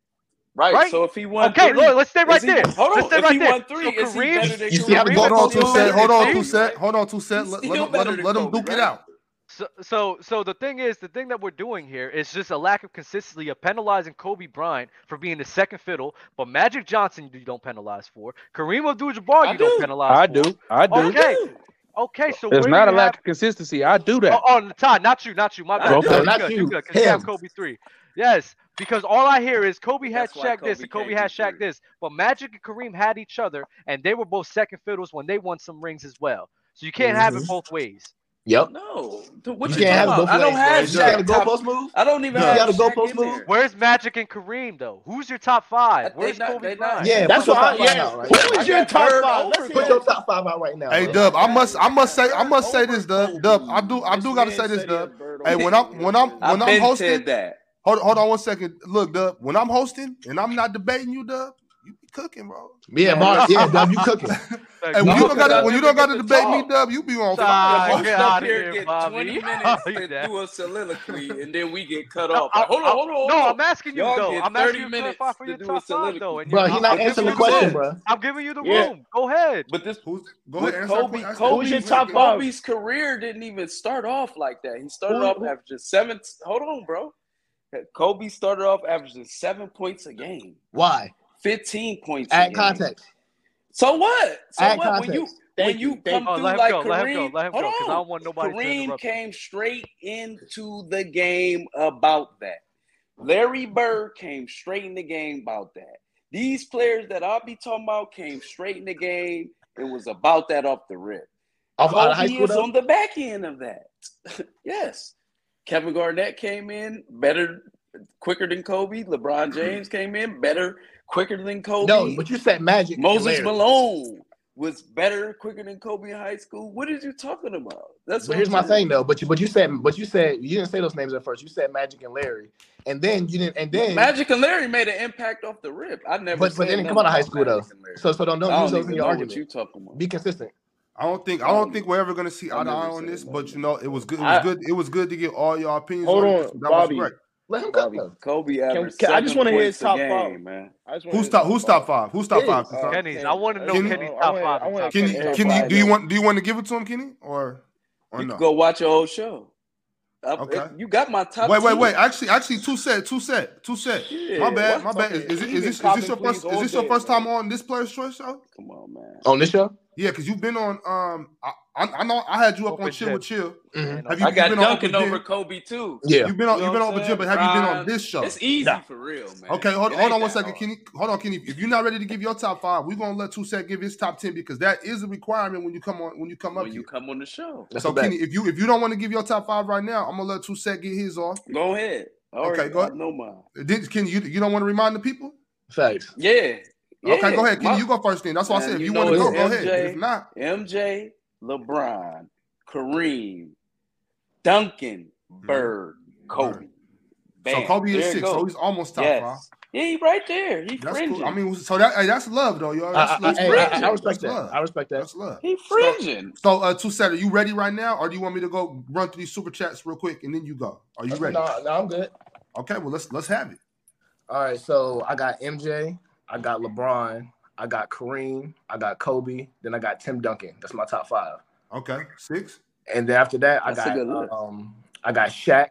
[SPEAKER 3] Right.
[SPEAKER 1] Right?
[SPEAKER 3] So if he won
[SPEAKER 1] Okay, Lloyd,
[SPEAKER 3] three,
[SPEAKER 1] let's stay
[SPEAKER 3] is
[SPEAKER 1] right
[SPEAKER 3] he
[SPEAKER 1] there. Let's
[SPEAKER 3] hold
[SPEAKER 1] stay
[SPEAKER 3] on. If
[SPEAKER 1] right
[SPEAKER 3] he
[SPEAKER 1] there.
[SPEAKER 3] won
[SPEAKER 1] So
[SPEAKER 3] three, is
[SPEAKER 1] Kareem,
[SPEAKER 3] he better
[SPEAKER 7] You,
[SPEAKER 3] than
[SPEAKER 7] you see how the
[SPEAKER 3] Kareem?
[SPEAKER 5] Hold
[SPEAKER 7] goat
[SPEAKER 5] on
[SPEAKER 3] He's
[SPEAKER 5] two
[SPEAKER 7] culture
[SPEAKER 3] still
[SPEAKER 7] is?
[SPEAKER 5] set. Hold
[SPEAKER 3] better than
[SPEAKER 5] on two
[SPEAKER 3] Kobe,
[SPEAKER 5] set.
[SPEAKER 3] right?
[SPEAKER 5] Hold on two set.
[SPEAKER 3] He's
[SPEAKER 5] Let, let,
[SPEAKER 3] still
[SPEAKER 5] let, let,
[SPEAKER 3] better
[SPEAKER 5] them-
[SPEAKER 3] than
[SPEAKER 5] let them
[SPEAKER 3] Kobe,
[SPEAKER 5] duke it
[SPEAKER 3] right?
[SPEAKER 5] out.
[SPEAKER 1] So, so, so the thing is, the thing that we're doing here is just a lack of consistency of penalizing Kobe Bryant for being the second fiddle, but Magic Johnson you don't penalize for, Kareem Abdul-Jabbar
[SPEAKER 3] I
[SPEAKER 1] you don't
[SPEAKER 3] do.
[SPEAKER 1] penalize
[SPEAKER 4] I
[SPEAKER 1] for.
[SPEAKER 4] do. I
[SPEAKER 3] I
[SPEAKER 4] do.
[SPEAKER 1] Okay,
[SPEAKER 3] do.
[SPEAKER 1] Okay, so
[SPEAKER 4] It's
[SPEAKER 1] where
[SPEAKER 4] not
[SPEAKER 1] you
[SPEAKER 4] a lack
[SPEAKER 1] have-
[SPEAKER 4] of consistency. I do that.
[SPEAKER 1] Oh, oh, Todd, not you, not you. My bad.
[SPEAKER 4] Okay.
[SPEAKER 1] No,
[SPEAKER 4] No,
[SPEAKER 1] you
[SPEAKER 4] not
[SPEAKER 1] good,
[SPEAKER 4] you.
[SPEAKER 1] good, 'cause he had
[SPEAKER 4] Him.
[SPEAKER 1] Kobe three. Yes, because all I hear is Kobe had
[SPEAKER 3] That's why
[SPEAKER 1] Shaq this
[SPEAKER 3] Kobe
[SPEAKER 1] and Kobe
[SPEAKER 3] can't
[SPEAKER 1] had
[SPEAKER 3] do
[SPEAKER 1] Shaq this, but Magic and Kareem had each other, and they were both second fiddles when they won some rings as well. So you can't have it
[SPEAKER 7] Mhm.
[SPEAKER 1] both ways.
[SPEAKER 7] Yep.
[SPEAKER 3] No, Dude, what
[SPEAKER 7] You
[SPEAKER 3] you,
[SPEAKER 7] can't have
[SPEAKER 3] talking
[SPEAKER 7] it
[SPEAKER 3] about?
[SPEAKER 7] both
[SPEAKER 3] I don't
[SPEAKER 7] ways, bro.
[SPEAKER 3] have
[SPEAKER 7] You got a
[SPEAKER 3] Shaq. top-
[SPEAKER 7] goalpost move.
[SPEAKER 3] I don't even
[SPEAKER 7] You
[SPEAKER 3] have
[SPEAKER 7] got a
[SPEAKER 3] Shaq
[SPEAKER 7] goalpost
[SPEAKER 3] in
[SPEAKER 7] move?
[SPEAKER 3] there.
[SPEAKER 1] Where's Magic and Kareem though? Who's your top five?
[SPEAKER 3] They
[SPEAKER 1] Where's
[SPEAKER 3] not-
[SPEAKER 1] Kobe
[SPEAKER 3] they not.
[SPEAKER 1] Bryant?
[SPEAKER 7] Yeah,
[SPEAKER 9] That's
[SPEAKER 7] put your
[SPEAKER 9] why-
[SPEAKER 7] top five
[SPEAKER 9] yeah.
[SPEAKER 7] out right
[SPEAKER 9] Who
[SPEAKER 7] now.
[SPEAKER 9] is your top
[SPEAKER 3] third
[SPEAKER 9] five?
[SPEAKER 3] over
[SPEAKER 9] Let's
[SPEAKER 3] Kobe.
[SPEAKER 9] put your top five out right now.
[SPEAKER 5] Hey
[SPEAKER 7] I
[SPEAKER 9] bro.
[SPEAKER 5] Dub, I
[SPEAKER 3] got
[SPEAKER 5] must I must say I
[SPEAKER 3] Bird
[SPEAKER 5] must say
[SPEAKER 3] over
[SPEAKER 5] this Dub
[SPEAKER 3] Kobe.
[SPEAKER 5] Dub I do I
[SPEAKER 3] This
[SPEAKER 5] do gotta
[SPEAKER 3] man
[SPEAKER 5] say this
[SPEAKER 3] said he a
[SPEAKER 5] Dub.
[SPEAKER 3] Bird
[SPEAKER 5] Hey
[SPEAKER 3] over
[SPEAKER 5] when I'm
[SPEAKER 3] Kobe.
[SPEAKER 5] when I'm when
[SPEAKER 3] I've
[SPEAKER 5] I'm
[SPEAKER 3] been
[SPEAKER 5] hosting
[SPEAKER 3] said that.
[SPEAKER 5] hold hold on one second look Dub when I'm hosting and I'm not debating you Dub you be cooking bro.
[SPEAKER 7] Yeah, Mark. Yeah, Dub, you cooking.
[SPEAKER 1] Like,
[SPEAKER 5] Hey when
[SPEAKER 1] Bob,
[SPEAKER 5] you
[SPEAKER 3] No,
[SPEAKER 5] don't
[SPEAKER 3] 'cause I
[SPEAKER 5] got when you
[SPEAKER 3] never
[SPEAKER 5] don't
[SPEAKER 3] get
[SPEAKER 5] got to
[SPEAKER 3] to
[SPEAKER 5] debate me
[SPEAKER 3] talk.
[SPEAKER 5] Dub you be on
[SPEAKER 3] The
[SPEAKER 5] fire.
[SPEAKER 1] Ah,
[SPEAKER 5] Bro.
[SPEAKER 3] host
[SPEAKER 1] get
[SPEAKER 3] up
[SPEAKER 1] outta
[SPEAKER 3] here
[SPEAKER 1] here,
[SPEAKER 3] get
[SPEAKER 1] Bobby.
[SPEAKER 3] 20
[SPEAKER 1] Oh,
[SPEAKER 3] minutes
[SPEAKER 1] you
[SPEAKER 3] to
[SPEAKER 1] that-
[SPEAKER 3] do a soliloquy, and then we get cut
[SPEAKER 1] No,
[SPEAKER 3] off.
[SPEAKER 1] I,
[SPEAKER 3] Like, hold on,
[SPEAKER 1] I,
[SPEAKER 3] hold on, hold
[SPEAKER 1] no,
[SPEAKER 3] on.
[SPEAKER 1] I'm asking you
[SPEAKER 3] Y'all
[SPEAKER 1] though.
[SPEAKER 3] get
[SPEAKER 1] I'm
[SPEAKER 3] 30
[SPEAKER 1] asking you to clarify
[SPEAKER 3] minutes
[SPEAKER 1] for
[SPEAKER 3] to
[SPEAKER 1] your
[SPEAKER 3] do a
[SPEAKER 1] top five though,
[SPEAKER 3] soliloquy.
[SPEAKER 1] and you,
[SPEAKER 7] Bro,
[SPEAKER 1] I,
[SPEAKER 7] he
[SPEAKER 1] I'm
[SPEAKER 7] not
[SPEAKER 1] giving
[SPEAKER 7] answering
[SPEAKER 1] you
[SPEAKER 7] the
[SPEAKER 1] the
[SPEAKER 7] question,
[SPEAKER 1] room.
[SPEAKER 7] bro.
[SPEAKER 1] I'm giving you the
[SPEAKER 6] Yeah.
[SPEAKER 1] room. Go ahead.
[SPEAKER 3] But this
[SPEAKER 5] Who's go
[SPEAKER 3] with
[SPEAKER 5] ahead answer that
[SPEAKER 3] Kobe,
[SPEAKER 5] question. Ask that
[SPEAKER 6] Who's
[SPEAKER 3] Kobe's
[SPEAKER 6] your
[SPEAKER 5] question.
[SPEAKER 6] top five?
[SPEAKER 3] Kobe's career didn't even start off like that. He started
[SPEAKER 6] Who-
[SPEAKER 3] off
[SPEAKER 6] who-
[SPEAKER 3] averaging seven. Hold on, bro. Kobe started off averaging seven points a game,
[SPEAKER 7] Why?
[SPEAKER 3] fifteen points a
[SPEAKER 7] Add
[SPEAKER 3] game.
[SPEAKER 7] context.
[SPEAKER 3] So what? So
[SPEAKER 7] Add
[SPEAKER 3] what? When you
[SPEAKER 7] context.
[SPEAKER 3] when
[SPEAKER 6] Thank you,
[SPEAKER 3] you
[SPEAKER 6] thank
[SPEAKER 3] come
[SPEAKER 1] Oh,
[SPEAKER 3] through
[SPEAKER 1] let him
[SPEAKER 3] like
[SPEAKER 1] go. Let him go.
[SPEAKER 3] Kareem,
[SPEAKER 1] Let him
[SPEAKER 3] hold
[SPEAKER 1] go, because I
[SPEAKER 3] on.
[SPEAKER 1] don't want nobody to
[SPEAKER 3] Kareem
[SPEAKER 1] interrupt.
[SPEAKER 3] came straight into the game about that. Larry Bird came straight in the game about that. These players that I'll be talking about came straight in the game. It was about that off the rip.
[SPEAKER 7] Off out of high
[SPEAKER 3] Kobe
[SPEAKER 7] school
[SPEAKER 3] is
[SPEAKER 7] though.
[SPEAKER 3] on the back end of that. yes. Kevin Garnett came in better, quicker than Kobe. LeBron James came in better, quicker than Kobe.
[SPEAKER 7] Mm-hmm. No, but you said Magic. and
[SPEAKER 3] Moses
[SPEAKER 7] Larry.
[SPEAKER 3] Malone was better, quicker than Kobe in high school. What is you talking about? That's
[SPEAKER 7] But
[SPEAKER 3] what
[SPEAKER 7] here's
[SPEAKER 3] I'm
[SPEAKER 7] my
[SPEAKER 3] saying.
[SPEAKER 7] thing though. But you but you said but you said you didn't say those names at first. You said Magic and Larry, and then you didn't. And then
[SPEAKER 3] Magic and Larry made an impact off the rip. I never.
[SPEAKER 7] but but
[SPEAKER 3] said
[SPEAKER 7] they didn't
[SPEAKER 3] nothing
[SPEAKER 7] come out of high
[SPEAKER 3] about
[SPEAKER 7] school though.
[SPEAKER 3] Magic and Larry.
[SPEAKER 7] So so don't
[SPEAKER 3] I
[SPEAKER 7] don't
[SPEAKER 3] don't
[SPEAKER 7] use those in
[SPEAKER 3] even
[SPEAKER 7] your
[SPEAKER 3] know what you
[SPEAKER 7] argument.
[SPEAKER 3] talking about.
[SPEAKER 7] Be consistent.
[SPEAKER 5] I don't think I
[SPEAKER 3] I
[SPEAKER 5] don't
[SPEAKER 3] don't
[SPEAKER 5] think we're ever gonna see
[SPEAKER 3] Um, I
[SPEAKER 5] eye to eye
[SPEAKER 3] never
[SPEAKER 5] on
[SPEAKER 3] said
[SPEAKER 5] this, but
[SPEAKER 3] nothing.
[SPEAKER 5] you know it was good it was
[SPEAKER 6] I
[SPEAKER 5] good it was good to get all your opinions
[SPEAKER 6] hold
[SPEAKER 5] on it.
[SPEAKER 6] on,
[SPEAKER 5] That was
[SPEAKER 6] Bobby.
[SPEAKER 5] great.
[SPEAKER 7] Let him cook
[SPEAKER 3] Bobby
[SPEAKER 7] though.
[SPEAKER 3] Kobe
[SPEAKER 6] Can,
[SPEAKER 3] averaged
[SPEAKER 6] can I just
[SPEAKER 3] seven
[SPEAKER 6] want to hear his
[SPEAKER 3] points a
[SPEAKER 6] top five?
[SPEAKER 3] game, man.
[SPEAKER 6] I just want to
[SPEAKER 5] Who's
[SPEAKER 6] hear his
[SPEAKER 5] top
[SPEAKER 6] top
[SPEAKER 5] who's
[SPEAKER 6] five.
[SPEAKER 5] top five? Who's top five?
[SPEAKER 7] His.
[SPEAKER 6] Uh,
[SPEAKER 5] Krishan?
[SPEAKER 1] Kenny's. I want to know
[SPEAKER 5] Kenny-
[SPEAKER 1] Kenny's
[SPEAKER 6] I
[SPEAKER 1] top
[SPEAKER 6] want
[SPEAKER 1] five
[SPEAKER 6] I
[SPEAKER 1] and
[SPEAKER 6] want
[SPEAKER 1] top
[SPEAKER 6] Kenny's
[SPEAKER 1] ten.
[SPEAKER 5] Kenny
[SPEAKER 6] top
[SPEAKER 5] Kenny,
[SPEAKER 6] five
[SPEAKER 5] do you
[SPEAKER 6] though.
[SPEAKER 5] want do you want to give it to him, Kenny? Or or
[SPEAKER 3] You could
[SPEAKER 5] no?
[SPEAKER 3] go watch your old show. I,
[SPEAKER 5] Okay.
[SPEAKER 3] You got my top.
[SPEAKER 5] Wait, wait, wait.
[SPEAKER 3] 10.
[SPEAKER 5] Actually, actually, two set, two set, two set. My
[SPEAKER 3] Yeah,
[SPEAKER 5] bad,
[SPEAKER 3] what?
[SPEAKER 5] my bad. Is, is, it-
[SPEAKER 6] Fucking
[SPEAKER 5] is
[SPEAKER 6] even
[SPEAKER 5] this is this
[SPEAKER 6] copping
[SPEAKER 5] your
[SPEAKER 6] please
[SPEAKER 5] first is
[SPEAKER 6] all
[SPEAKER 5] this your
[SPEAKER 6] day,
[SPEAKER 5] first time
[SPEAKER 6] man.
[SPEAKER 5] on this player's choice show?
[SPEAKER 3] Come on, man.
[SPEAKER 7] On this show.
[SPEAKER 5] Yeah, because you've been on. Um, I, I I know I had you up on
[SPEAKER 1] Open
[SPEAKER 5] chill
[SPEAKER 1] gym.
[SPEAKER 5] with chill.
[SPEAKER 7] hmm
[SPEAKER 1] And
[SPEAKER 5] Have
[SPEAKER 1] on
[SPEAKER 5] you
[SPEAKER 3] I
[SPEAKER 5] you
[SPEAKER 3] got
[SPEAKER 5] been on
[SPEAKER 3] Duncan
[SPEAKER 5] open
[SPEAKER 3] over
[SPEAKER 5] gym?
[SPEAKER 3] Kobe too.
[SPEAKER 7] Yeah.
[SPEAKER 5] You've been
[SPEAKER 3] You
[SPEAKER 5] on
[SPEAKER 3] know
[SPEAKER 5] you've
[SPEAKER 3] what
[SPEAKER 5] been
[SPEAKER 3] I'm
[SPEAKER 5] on open gym,
[SPEAKER 3] saying?
[SPEAKER 5] but have you been on
[SPEAKER 3] Grind.
[SPEAKER 5] this show?
[SPEAKER 3] It's easy
[SPEAKER 7] Nah.
[SPEAKER 3] for real, man.
[SPEAKER 5] Okay, hold,
[SPEAKER 3] It
[SPEAKER 5] hold
[SPEAKER 3] ain't
[SPEAKER 5] on one
[SPEAKER 3] that
[SPEAKER 5] second,
[SPEAKER 3] hard.
[SPEAKER 5] Kenny. Hold on, Kenny. If you're not ready to give your top five, we're gonna let two set give his top ten because that is a requirement when you come on when you come up
[SPEAKER 3] When you
[SPEAKER 5] here.
[SPEAKER 3] come on the show,
[SPEAKER 7] That's a
[SPEAKER 5] So
[SPEAKER 7] bet.
[SPEAKER 5] Kenny, if you if you don't want to give your top five right now, I'm gonna let two set get his off.
[SPEAKER 3] go aid. All right,
[SPEAKER 5] Okay, go.
[SPEAKER 3] I know mine.
[SPEAKER 5] Did Kenny you you don't want to remind the people?
[SPEAKER 7] Facts.
[SPEAKER 3] Yeah, yeah.
[SPEAKER 5] Okay, go ahead, Kenny.
[SPEAKER 3] My-
[SPEAKER 5] You go first. Then that's why I said if
[SPEAKER 3] and you
[SPEAKER 5] you
[SPEAKER 3] know
[SPEAKER 5] want to
[SPEAKER 3] it's
[SPEAKER 5] go,
[SPEAKER 7] Yeah.
[SPEAKER 5] go ahead. But if
[SPEAKER 3] MJ,
[SPEAKER 5] not,
[SPEAKER 3] MJ, LeBron, Kareem, Duncan, Bird,
[SPEAKER 5] Mm-hmm. Bird.
[SPEAKER 3] Kobe.
[SPEAKER 5] So
[SPEAKER 3] Bam.
[SPEAKER 5] Kobe is
[SPEAKER 3] there it
[SPEAKER 5] six. So
[SPEAKER 3] goes.
[SPEAKER 5] he's almost top five.
[SPEAKER 3] Yes. Yeah, he right there. He
[SPEAKER 5] That's cool.
[SPEAKER 3] fringing.
[SPEAKER 5] I mean, so that hey, that's love though, y'all.
[SPEAKER 7] I
[SPEAKER 5] That's
[SPEAKER 7] I, I,
[SPEAKER 5] love.
[SPEAKER 3] He's
[SPEAKER 7] hey, I, I I
[SPEAKER 3] fringing.
[SPEAKER 7] respect
[SPEAKER 5] That's
[SPEAKER 7] that.
[SPEAKER 5] love.
[SPEAKER 7] I respect that.
[SPEAKER 5] That's love.
[SPEAKER 3] He
[SPEAKER 7] So
[SPEAKER 3] fringing.
[SPEAKER 5] So uh two set, are you ready right now, or do you want me to go run through these super chats real quick and then you go? Are you
[SPEAKER 7] no,
[SPEAKER 5] ready?
[SPEAKER 7] no, I'm good.
[SPEAKER 5] Okay, well let's let's have it.
[SPEAKER 7] All right, so I got MJ, I got LeBron, I got Kareem, I got Kobe, then I got Tim Duncan. That's my top five.
[SPEAKER 5] Okay, six.
[SPEAKER 7] And then after that, I
[SPEAKER 3] That's a
[SPEAKER 7] got
[SPEAKER 3] good list.
[SPEAKER 7] um, I got Shaq.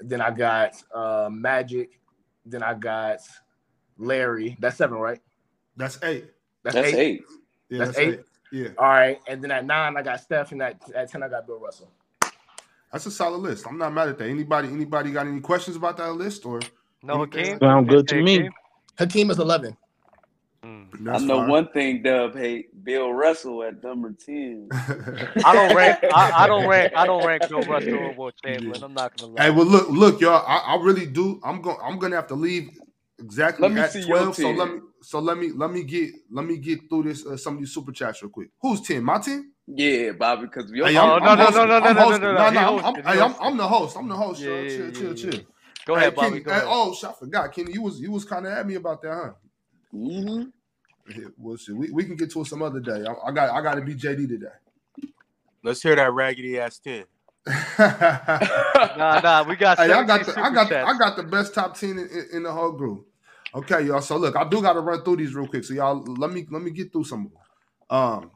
[SPEAKER 7] Then I got uh, Magic. Then I got Larry. That's seven, right?
[SPEAKER 5] That's eight.
[SPEAKER 7] That's,
[SPEAKER 3] That's
[SPEAKER 7] eight.
[SPEAKER 3] eight.
[SPEAKER 5] Yeah,
[SPEAKER 7] That's
[SPEAKER 5] that's,
[SPEAKER 7] eight?
[SPEAKER 5] eight. Yeah,
[SPEAKER 7] All right. And then at nine, I got Steph. And at, at ten, I got Bill Russell.
[SPEAKER 5] that's a solid list. I'm not mad at that. Anybody anybody got any questions about that list or
[SPEAKER 1] no
[SPEAKER 5] anything
[SPEAKER 1] Hakeem.
[SPEAKER 5] like that?
[SPEAKER 4] Sound
[SPEAKER 1] Didn't
[SPEAKER 4] good to
[SPEAKER 1] say
[SPEAKER 4] me.
[SPEAKER 1] Hakeem.
[SPEAKER 7] Hakeem is eleven.
[SPEAKER 1] Mm.
[SPEAKER 3] I
[SPEAKER 5] That's
[SPEAKER 3] know
[SPEAKER 5] fine.
[SPEAKER 3] one thing Dub hate Bill Russell at number 10.
[SPEAKER 1] I don't rank. I, I don't rank. I don't rank Bill Russell or Will Chamberlain.
[SPEAKER 5] Yeah.
[SPEAKER 1] I'm not gonna
[SPEAKER 5] Hey,
[SPEAKER 1] lie.
[SPEAKER 5] well, look, look, y'all. I, I really do. I'm going. I'm gonna have to leave exactly
[SPEAKER 3] Let me
[SPEAKER 5] at
[SPEAKER 3] see your
[SPEAKER 5] twelve. So let
[SPEAKER 3] 10.
[SPEAKER 5] me. So let me. Let me get. Let me get through this. Uh, some of these super chats real quick. Who's ten? My ten?
[SPEAKER 3] Yeah, Bobby, because your
[SPEAKER 5] Hey,
[SPEAKER 3] 10
[SPEAKER 5] I'm.
[SPEAKER 1] Oh
[SPEAKER 3] is
[SPEAKER 1] no
[SPEAKER 5] I'm
[SPEAKER 1] no
[SPEAKER 3] better.
[SPEAKER 1] no
[SPEAKER 5] hosting.
[SPEAKER 1] no no
[SPEAKER 5] I'm
[SPEAKER 1] no no
[SPEAKER 5] hosting.
[SPEAKER 1] no.
[SPEAKER 5] No,
[SPEAKER 1] He hosted. He
[SPEAKER 5] no. I'm. I'm hey, I'm.
[SPEAKER 1] hosted.
[SPEAKER 5] I'm the host. I'm the host.
[SPEAKER 1] Yeah
[SPEAKER 5] Y'all.
[SPEAKER 1] yeah
[SPEAKER 5] Chill.
[SPEAKER 1] yeah
[SPEAKER 5] Chill.
[SPEAKER 1] yeah.
[SPEAKER 5] Chill.
[SPEAKER 1] Go
[SPEAKER 5] Hey,
[SPEAKER 1] ahead, Bobby.
[SPEAKER 5] Kenny.
[SPEAKER 1] Go
[SPEAKER 5] Hey,
[SPEAKER 1] ahead.
[SPEAKER 5] oh, shit, I forgot. Kenny, you was. You was kind of at me about that, huh?
[SPEAKER 3] hmm
[SPEAKER 5] Yeah, well, shit, we, we can get to it some other day. I, I got. I got to be JD
[SPEAKER 2] Let's hear that raggedy ass ten.
[SPEAKER 5] today.
[SPEAKER 1] Nah nah. We got
[SPEAKER 5] oh, Hey, I got
[SPEAKER 1] 17
[SPEAKER 5] the
[SPEAKER 1] super
[SPEAKER 5] I got the,
[SPEAKER 1] chats.
[SPEAKER 5] I got the best top ten in, in, in the whole group. Okay, y'all. So look, I do got to run through these real quick. So y'all, let me let me get through some of them. Um,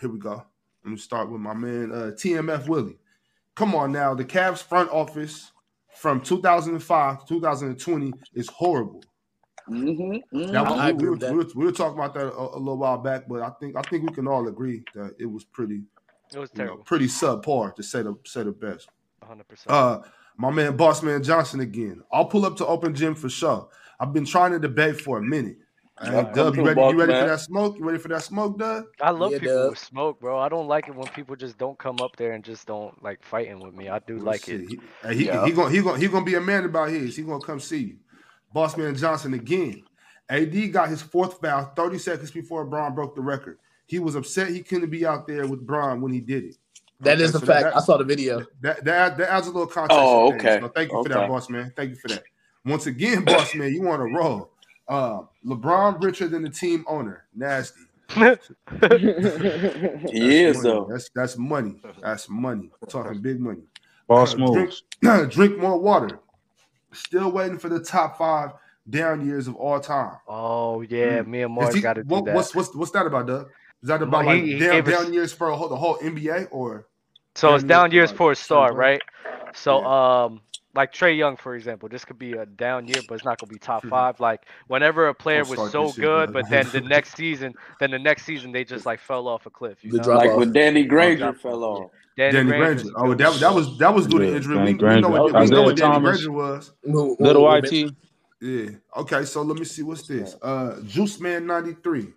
[SPEAKER 5] here we go. Let me start with my man uh, TMF Willie. Come on now, the Cavs front office from 2005 to 2020 is horrible.
[SPEAKER 3] hmm
[SPEAKER 6] Mm-hmm,
[SPEAKER 5] That
[SPEAKER 7] I,
[SPEAKER 5] was, we,
[SPEAKER 7] I
[SPEAKER 3] hmm
[SPEAKER 5] we,
[SPEAKER 7] agree
[SPEAKER 5] were,
[SPEAKER 7] with
[SPEAKER 5] we
[SPEAKER 7] that.
[SPEAKER 5] were we were talking about that a, a little while back, but I think I think we can all agree that it was pretty
[SPEAKER 1] It was
[SPEAKER 5] you know,
[SPEAKER 1] terrible.
[SPEAKER 5] pretty subpar to say the say the best.
[SPEAKER 1] 100%.
[SPEAKER 5] Uh, my man, Boss Man Johnson again. I'll pull up to open gym for sure. I've been trying to debate for a minute. Hey,
[SPEAKER 1] Welcome
[SPEAKER 5] Dub, you
[SPEAKER 1] to
[SPEAKER 5] ready? You ready for
[SPEAKER 1] Bossman.
[SPEAKER 5] that smoke? You ready for that smoke, Dub?
[SPEAKER 1] I love
[SPEAKER 5] Yeah,
[SPEAKER 1] people
[SPEAKER 5] Dub.
[SPEAKER 1] with smoke, bro. I don't like it when people just don't come up there and just don't like fighting with me. I do like it.
[SPEAKER 5] Oh, He, Hey, he, he gonna he gonna he gonna be a man about his. He gonna come see you. Boss man Johnson again. AD got his fourth foul 30 seconds before Braun broke the record. He was upset he couldn't be out there with Braun when he did it.
[SPEAKER 7] That is a fact. I saw the video.
[SPEAKER 5] That that, that adds a little context.
[SPEAKER 7] Oh,
[SPEAKER 5] to things.
[SPEAKER 7] okay.
[SPEAKER 5] So thank you for that,
[SPEAKER 7] Okay.
[SPEAKER 5] boss man. Thank you for that. Once again, boss man, you want to roll. Uh, LeBron richer than the team owner. Nasty.
[SPEAKER 6] mm-hmm.
[SPEAKER 3] He is,
[SPEAKER 5] money.
[SPEAKER 3] though.
[SPEAKER 5] That's that's money. That's money. Talking big money.
[SPEAKER 4] Boss
[SPEAKER 5] drink, drink more water. Still waiting for the top five down years of all time.
[SPEAKER 1] Oh yeah,
[SPEAKER 5] Mm.
[SPEAKER 1] me and Mark gotta do that.
[SPEAKER 5] What's what's what's that about, Doug? Is that
[SPEAKER 1] Mar-
[SPEAKER 5] about
[SPEAKER 1] he-
[SPEAKER 5] like
[SPEAKER 1] he
[SPEAKER 5] down,
[SPEAKER 1] gave us-
[SPEAKER 5] down years for a whole, the whole NBA or?
[SPEAKER 1] So it's down years for a star,
[SPEAKER 5] player.
[SPEAKER 1] right? So um like Trey Young, for example, this could be a down year, but it's not gonna be
[SPEAKER 5] Mm-hmm.
[SPEAKER 1] top five. Like whenever a player
[SPEAKER 3] Don't
[SPEAKER 1] was
[SPEAKER 3] start
[SPEAKER 1] so
[SPEAKER 3] this shit,
[SPEAKER 1] good,
[SPEAKER 3] bro.
[SPEAKER 1] but then the next season, then the next season they just like fell off a cliff. You
[SPEAKER 5] The
[SPEAKER 1] know?
[SPEAKER 5] drop
[SPEAKER 3] Like when Danny Granger
[SPEAKER 1] Drop
[SPEAKER 3] fell off.
[SPEAKER 1] Danny
[SPEAKER 5] Danny
[SPEAKER 1] Granger's
[SPEAKER 5] Granger. Oh, that, that was that was due
[SPEAKER 4] Yeah,
[SPEAKER 5] to injury.
[SPEAKER 4] Danny
[SPEAKER 5] We, we know
[SPEAKER 4] Granger.
[SPEAKER 5] what, we
[SPEAKER 4] Isaiah
[SPEAKER 5] know what Danny
[SPEAKER 4] Thomas.
[SPEAKER 5] Granger was.
[SPEAKER 4] Who- Little who- YT.
[SPEAKER 5] Yeah. Okay, so let me see what's this. Uh Juice Man 93.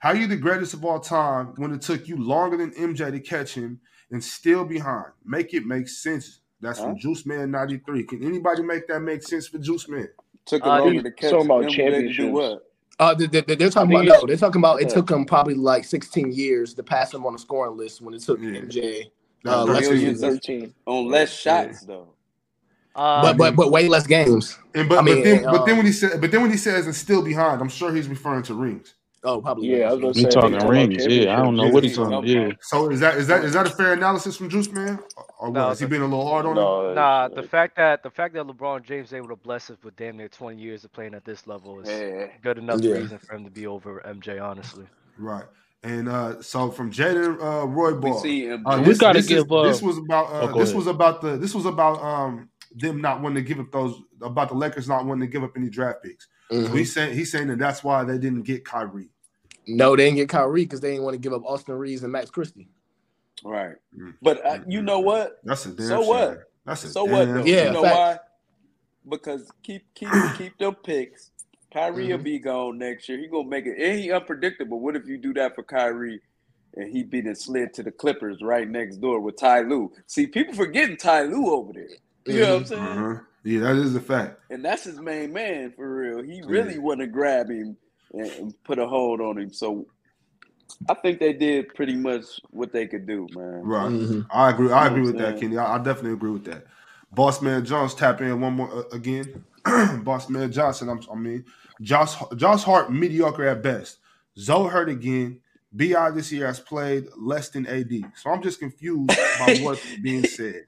[SPEAKER 5] How you the greatest of all time when it took you longer than MJ to catch him and still behind? Make it make sense. That's from
[SPEAKER 3] Huh?
[SPEAKER 5] Juice Man 93. Can anybody make that make sense for Juice Man?
[SPEAKER 3] Took it Uh, longer he's to catch talking about him than to do championships. what?
[SPEAKER 7] Uh, they, they, they're talking
[SPEAKER 5] I
[SPEAKER 7] about
[SPEAKER 5] think
[SPEAKER 7] no.
[SPEAKER 5] it's-
[SPEAKER 7] They're talking about it
[SPEAKER 5] yeah.
[SPEAKER 7] took him probably like 16 years to pass him on the scoring list when it took MJ. Uh,
[SPEAKER 5] That was
[SPEAKER 7] less
[SPEAKER 5] 13.
[SPEAKER 7] seasons.
[SPEAKER 3] On less shots, though.
[SPEAKER 1] Um,
[SPEAKER 7] but but but way less games.
[SPEAKER 5] And but,
[SPEAKER 7] I mean,
[SPEAKER 5] but then but
[SPEAKER 7] um,
[SPEAKER 5] then when he said but then when he says and still behind, I'm sure he's referring to rings.
[SPEAKER 7] Oh, probably.
[SPEAKER 5] Yeah, I was
[SPEAKER 4] You talking rings? Yeah, I don't know what
[SPEAKER 3] uh,
[SPEAKER 4] he's talking. Yeah,
[SPEAKER 5] So is that is that is that a fair analysis from Juice Man? Or- Or what?
[SPEAKER 1] No,
[SPEAKER 5] Has he
[SPEAKER 1] the-
[SPEAKER 5] been a little hard on him?
[SPEAKER 1] Nah, the fact that the fact that LeBron James is able to bless us with damn near 20 years of playing at this level is good enough
[SPEAKER 5] Yeah.
[SPEAKER 1] reason for him to be over MJ, honestly.
[SPEAKER 5] Right. And uh, so from Jaden uh, Roy
[SPEAKER 1] We
[SPEAKER 5] Ball,
[SPEAKER 1] see him
[SPEAKER 5] uh,
[SPEAKER 1] do it.
[SPEAKER 5] this,
[SPEAKER 1] We gotta
[SPEAKER 5] this, is,
[SPEAKER 1] give, uh,
[SPEAKER 5] this was about uh,
[SPEAKER 1] oh, go
[SPEAKER 5] this
[SPEAKER 1] ahead.
[SPEAKER 5] was about the this was about um, them not wanting to give up those about the Lakers not wanting to give up any draft picks. So
[SPEAKER 7] Mhm.
[SPEAKER 5] he's saying he's saying that that's why they didn't get Kyrie.
[SPEAKER 7] no, they didn't get Kyrie because they didn't want to give up Austin Reeves and Max Christie.
[SPEAKER 3] Right.
[SPEAKER 5] Mm.
[SPEAKER 3] But uh, you
[SPEAKER 5] Mm-hmm.
[SPEAKER 3] know what?
[SPEAKER 5] That's a damn
[SPEAKER 3] So what?
[SPEAKER 5] shame. That's a
[SPEAKER 3] so what?
[SPEAKER 5] damn
[SPEAKER 3] Though?
[SPEAKER 5] shame.
[SPEAKER 3] you know
[SPEAKER 5] Yeah,
[SPEAKER 3] why? Because keep keep keep them picks. Kyrie
[SPEAKER 5] Mm-hmm.
[SPEAKER 3] will be gone next year. He gonna make it, and he unpredictable. What if you do that for Kyrie, and he be then slid to the Clippers right next door with Ty Lue? See, people forgetting Ty Lue over there. You know what I'm saying?
[SPEAKER 5] Uh-huh. Yeah, that is a fact.
[SPEAKER 3] And that's his main man for real. He really want to grab him and- and put a hold on him. So I think they did pretty much what they could do, man.
[SPEAKER 5] Right.
[SPEAKER 7] Mm-hmm.
[SPEAKER 5] I agree. I
[SPEAKER 3] You know
[SPEAKER 5] agree
[SPEAKER 3] what
[SPEAKER 5] with
[SPEAKER 3] I'm
[SPEAKER 5] that,
[SPEAKER 3] saying?
[SPEAKER 5] Kenny. I, I definitely agree with that. Boss Man Jones tap in one more uh, again. Boss Man Johnson. I'm, I mean, Josh Josh Hart mediocre at best. Zoe hurt again. Bi this year has played less than AD. So I'm just confused by what's being said.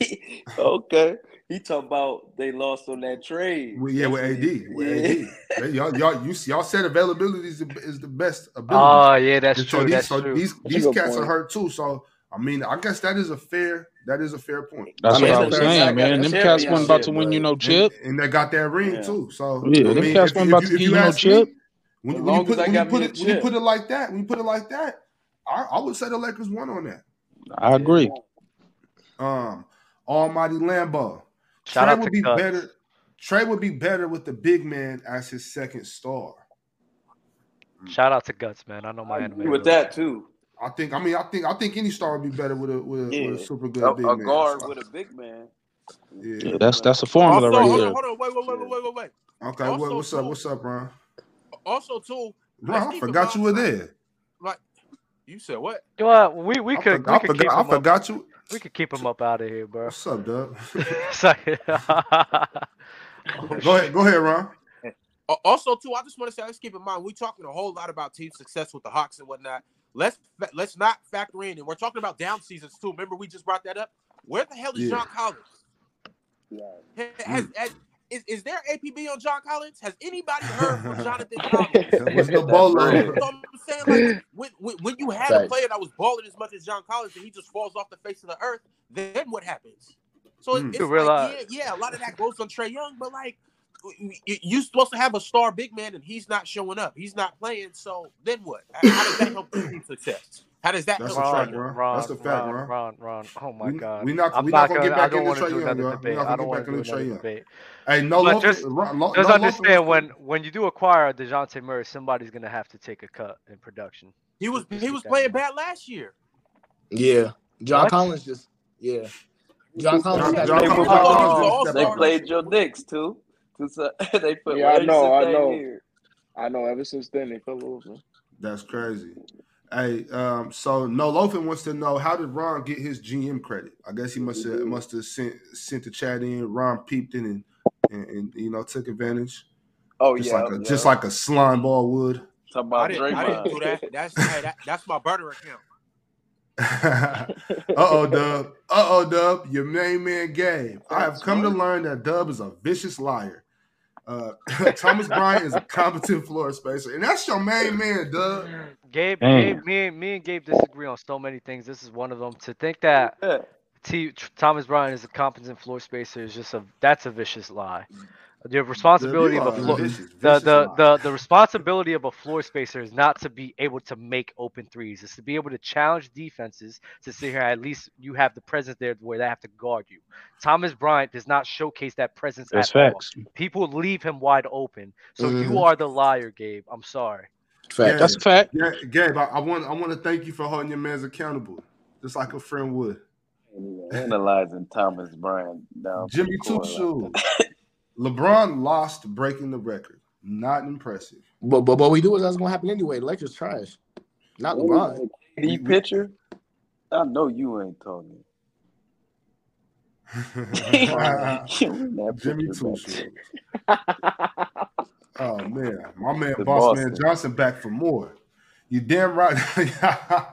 [SPEAKER 3] Okay. He talk about they lost on that trade.
[SPEAKER 5] Well, yeah, with AD, with AD, They- y'all, y'all, you see, y'all said availability is the, is the best ability.
[SPEAKER 1] Oh, yeah, that's
[SPEAKER 5] And so
[SPEAKER 1] true,
[SPEAKER 5] These,
[SPEAKER 1] that's
[SPEAKER 5] so
[SPEAKER 1] true.
[SPEAKER 5] these
[SPEAKER 1] That's a
[SPEAKER 5] these
[SPEAKER 1] good
[SPEAKER 5] cats are
[SPEAKER 1] point.
[SPEAKER 5] hurt too. So I mean, I guess that is a fair that is a fair point.
[SPEAKER 4] That's I mean, what I it's a was fair saying, fact. man. Them cats wasn't about to win you no chip.
[SPEAKER 5] and, and they got that ring too. So
[SPEAKER 4] Yeah,
[SPEAKER 5] I
[SPEAKER 4] them
[SPEAKER 5] mean,
[SPEAKER 4] cats
[SPEAKER 5] if,
[SPEAKER 4] wasn't
[SPEAKER 5] if
[SPEAKER 4] about
[SPEAKER 5] you,
[SPEAKER 4] to
[SPEAKER 5] if
[SPEAKER 4] give
[SPEAKER 5] you
[SPEAKER 4] you no
[SPEAKER 5] ask
[SPEAKER 4] chip.
[SPEAKER 5] me, when,
[SPEAKER 4] As
[SPEAKER 5] when you
[SPEAKER 4] long
[SPEAKER 5] put
[SPEAKER 4] as I
[SPEAKER 5] when you
[SPEAKER 4] got me
[SPEAKER 5] put
[SPEAKER 4] the
[SPEAKER 5] it when you
[SPEAKER 4] chip.
[SPEAKER 5] put it like that, when you put it like that, I, I would say the Lakers won on that.
[SPEAKER 4] I agree.
[SPEAKER 5] Um, Almighty Lambo.
[SPEAKER 4] Shout
[SPEAKER 5] Trey
[SPEAKER 4] out
[SPEAKER 5] would
[SPEAKER 4] to
[SPEAKER 5] be
[SPEAKER 4] Guts.
[SPEAKER 5] better. Trey would be better with the big man as his second star.
[SPEAKER 1] Shout out to Guts, man. I know my anime.
[SPEAKER 3] with
[SPEAKER 1] bro.
[SPEAKER 3] that too.
[SPEAKER 5] I think. I mean, I think. I think any star would be better with a with a, with a super good
[SPEAKER 3] a,
[SPEAKER 5] big
[SPEAKER 3] a
[SPEAKER 5] man.
[SPEAKER 3] guard
[SPEAKER 5] So,
[SPEAKER 3] with a big man.
[SPEAKER 5] yeah.
[SPEAKER 4] Yeah, that's that's a formula
[SPEAKER 2] Also,
[SPEAKER 4] right
[SPEAKER 2] hold
[SPEAKER 4] there.
[SPEAKER 2] on, hold on, wait, wait, wait, wait, wait, wait, wait.
[SPEAKER 5] Okay,
[SPEAKER 2] Also,
[SPEAKER 5] what, what's up?
[SPEAKER 2] too-
[SPEAKER 5] What's up, Ron?
[SPEAKER 2] Also, too, let's
[SPEAKER 5] Ron, I
[SPEAKER 2] keep in
[SPEAKER 5] forgot you were
[SPEAKER 2] mind,
[SPEAKER 5] there.
[SPEAKER 2] Like you said, what?
[SPEAKER 1] You know what? We we
[SPEAKER 5] I
[SPEAKER 1] could
[SPEAKER 5] forgot-
[SPEAKER 1] we
[SPEAKER 5] I
[SPEAKER 1] could
[SPEAKER 5] forgot-
[SPEAKER 1] keep
[SPEAKER 5] I
[SPEAKER 1] him up-
[SPEAKER 5] forgot you-
[SPEAKER 1] We could keep him up out of here, bro.
[SPEAKER 5] What's up, Dub?
[SPEAKER 1] Sorry.
[SPEAKER 5] go ahead. Go ahead, Ron.
[SPEAKER 2] Al- Uh, Also, too, I just want to say, let's keep in mind we're talking a whole lot about team success with the Hawks and whatnot. Let's fa- let's not factor in, and we're talking about down seasons too. Remember, we just brought that up. Where the hell is
[SPEAKER 5] Yeah.
[SPEAKER 2] John Collins? Ha- Has, has, is, is there APB on John Collins? Has anybody heard from Jonathan Collins?
[SPEAKER 5] What's the bolo?
[SPEAKER 2] You know what I'm saying? Like when, when, when you had a
[SPEAKER 5] Facts.
[SPEAKER 2] player that was balling as much as John Collins and he just falls off the face of the earth, then what happens? So it-
[SPEAKER 1] Mm.
[SPEAKER 2] it's
[SPEAKER 1] You
[SPEAKER 2] like,
[SPEAKER 1] realize-
[SPEAKER 2] yeah, yeah, a lot of that goes on Trey Young, but like you, you're supposed to have a star big man and he's not showing up. He's not playing. So then what? How, how does that help the team success? How does that
[SPEAKER 5] That's
[SPEAKER 2] help?
[SPEAKER 5] a fact,
[SPEAKER 2] Ron?
[SPEAKER 5] Ron. That's a fact,
[SPEAKER 1] Ron,
[SPEAKER 5] Ron.
[SPEAKER 1] Ron, Ron. Oh my
[SPEAKER 5] We-
[SPEAKER 1] God.
[SPEAKER 5] we not-
[SPEAKER 1] I'm
[SPEAKER 5] we not gonna get
[SPEAKER 1] I
[SPEAKER 5] back
[SPEAKER 1] don't
[SPEAKER 5] into
[SPEAKER 1] wanna
[SPEAKER 5] Trae
[SPEAKER 1] do
[SPEAKER 5] Young,
[SPEAKER 1] another
[SPEAKER 5] y'all. We
[SPEAKER 1] debate.
[SPEAKER 5] not gonna
[SPEAKER 1] I
[SPEAKER 5] get
[SPEAKER 1] don't
[SPEAKER 5] back
[SPEAKER 1] want to do
[SPEAKER 5] into Trae
[SPEAKER 1] another
[SPEAKER 5] Young.
[SPEAKER 1] debate.
[SPEAKER 5] Hey, no,
[SPEAKER 1] But
[SPEAKER 5] Lopez,
[SPEAKER 1] just-
[SPEAKER 5] Ron, Lo-
[SPEAKER 1] Just
[SPEAKER 5] no Lopez-
[SPEAKER 1] understand when when you do acquire Dejounte Murray, somebody's gonna have to take a cut in production.
[SPEAKER 2] He was
[SPEAKER 1] Just
[SPEAKER 2] he
[SPEAKER 1] keep
[SPEAKER 2] was
[SPEAKER 1] that in
[SPEAKER 2] playing
[SPEAKER 1] mind.
[SPEAKER 2] bad last year.
[SPEAKER 7] Yeah, John
[SPEAKER 1] What?
[SPEAKER 7] Collins just yeah. John Collins
[SPEAKER 5] John-
[SPEAKER 7] had
[SPEAKER 5] John
[SPEAKER 3] they,
[SPEAKER 7] no
[SPEAKER 5] Collins-
[SPEAKER 3] put-
[SPEAKER 5] John
[SPEAKER 3] oh,
[SPEAKER 5] Collins didn't
[SPEAKER 3] they
[SPEAKER 5] step up.
[SPEAKER 3] played your dicks too. So- they put
[SPEAKER 6] Yeah, I
[SPEAKER 3] Larry
[SPEAKER 6] know, I
[SPEAKER 3] Sitay
[SPEAKER 6] know.
[SPEAKER 3] here.
[SPEAKER 6] I know. Ever since then, they fell over.
[SPEAKER 5] That's crazy. Hey, um, so no Lofin wants to know how did Ron get his GM credit? I guess he must have must have sent sent the chat in. Ron peeped in and and, and you know took advantage,
[SPEAKER 3] Oh
[SPEAKER 5] just
[SPEAKER 3] yeah,
[SPEAKER 5] like a
[SPEAKER 3] yeah.
[SPEAKER 5] just like a slime ball would.
[SPEAKER 3] Talk
[SPEAKER 2] I
[SPEAKER 3] about
[SPEAKER 2] didn't, I
[SPEAKER 3] Draymond.
[SPEAKER 2] didn't do that. That's hey, that, that's my burner account.
[SPEAKER 5] uh oh, Dub. Uh oh, Dub. Your main man, Gabe. I have come to learn that Dub is a vicious liar. Uh, Thomas Bryant is a competent floor spacer, and that's your main man, Dub.
[SPEAKER 1] Gabe,
[SPEAKER 4] Damn.
[SPEAKER 1] Gabe, me and me and Gabe disagree on so many things. This is one of them. To think that
[SPEAKER 3] Yeah.
[SPEAKER 1] T, Thomas Bryan is a competent floor spacer is just a that's a vicious lie. The responsibility of
[SPEAKER 5] Dub,
[SPEAKER 1] a
[SPEAKER 5] you are
[SPEAKER 1] floor
[SPEAKER 5] vicious,
[SPEAKER 1] the
[SPEAKER 5] vicious
[SPEAKER 1] the,
[SPEAKER 5] liar.
[SPEAKER 1] the the responsibility of a floor spacer is not to be able to make open threes. It's to be able to challenge defenses to see here at least you have the presence there where they have to guard you. Thomas Bryant does not showcase that presence
[SPEAKER 4] That's
[SPEAKER 1] at all.
[SPEAKER 4] facts.
[SPEAKER 1] People leave him wide open. So you
[SPEAKER 7] Mhm.
[SPEAKER 1] are the liar, Gabe. I'm sorry.
[SPEAKER 7] Facts.
[SPEAKER 4] That's a fact.
[SPEAKER 5] Yeah, Gabe, I, I want I want to thank you for holding your man's accountable, just like a friend would.
[SPEAKER 3] Analyzing Thomas Bryan down to
[SPEAKER 5] Jimmy
[SPEAKER 3] the
[SPEAKER 5] Two
[SPEAKER 3] core.
[SPEAKER 5] Shoes. LeBron lost breaking the record. Not impressive.
[SPEAKER 7] But but but we do is that's gonna happen anyway. The Lakers trash. Not LeBron.
[SPEAKER 5] We- we-
[SPEAKER 3] The pitcher? I know you ain't talking. you win that
[SPEAKER 5] Jimmy
[SPEAKER 3] picture
[SPEAKER 5] Two
[SPEAKER 3] back.
[SPEAKER 5] Shoes. Oh man, my man,
[SPEAKER 3] To
[SPEAKER 5] boss man
[SPEAKER 3] Boston.
[SPEAKER 5] Johnson back for more. You damn right.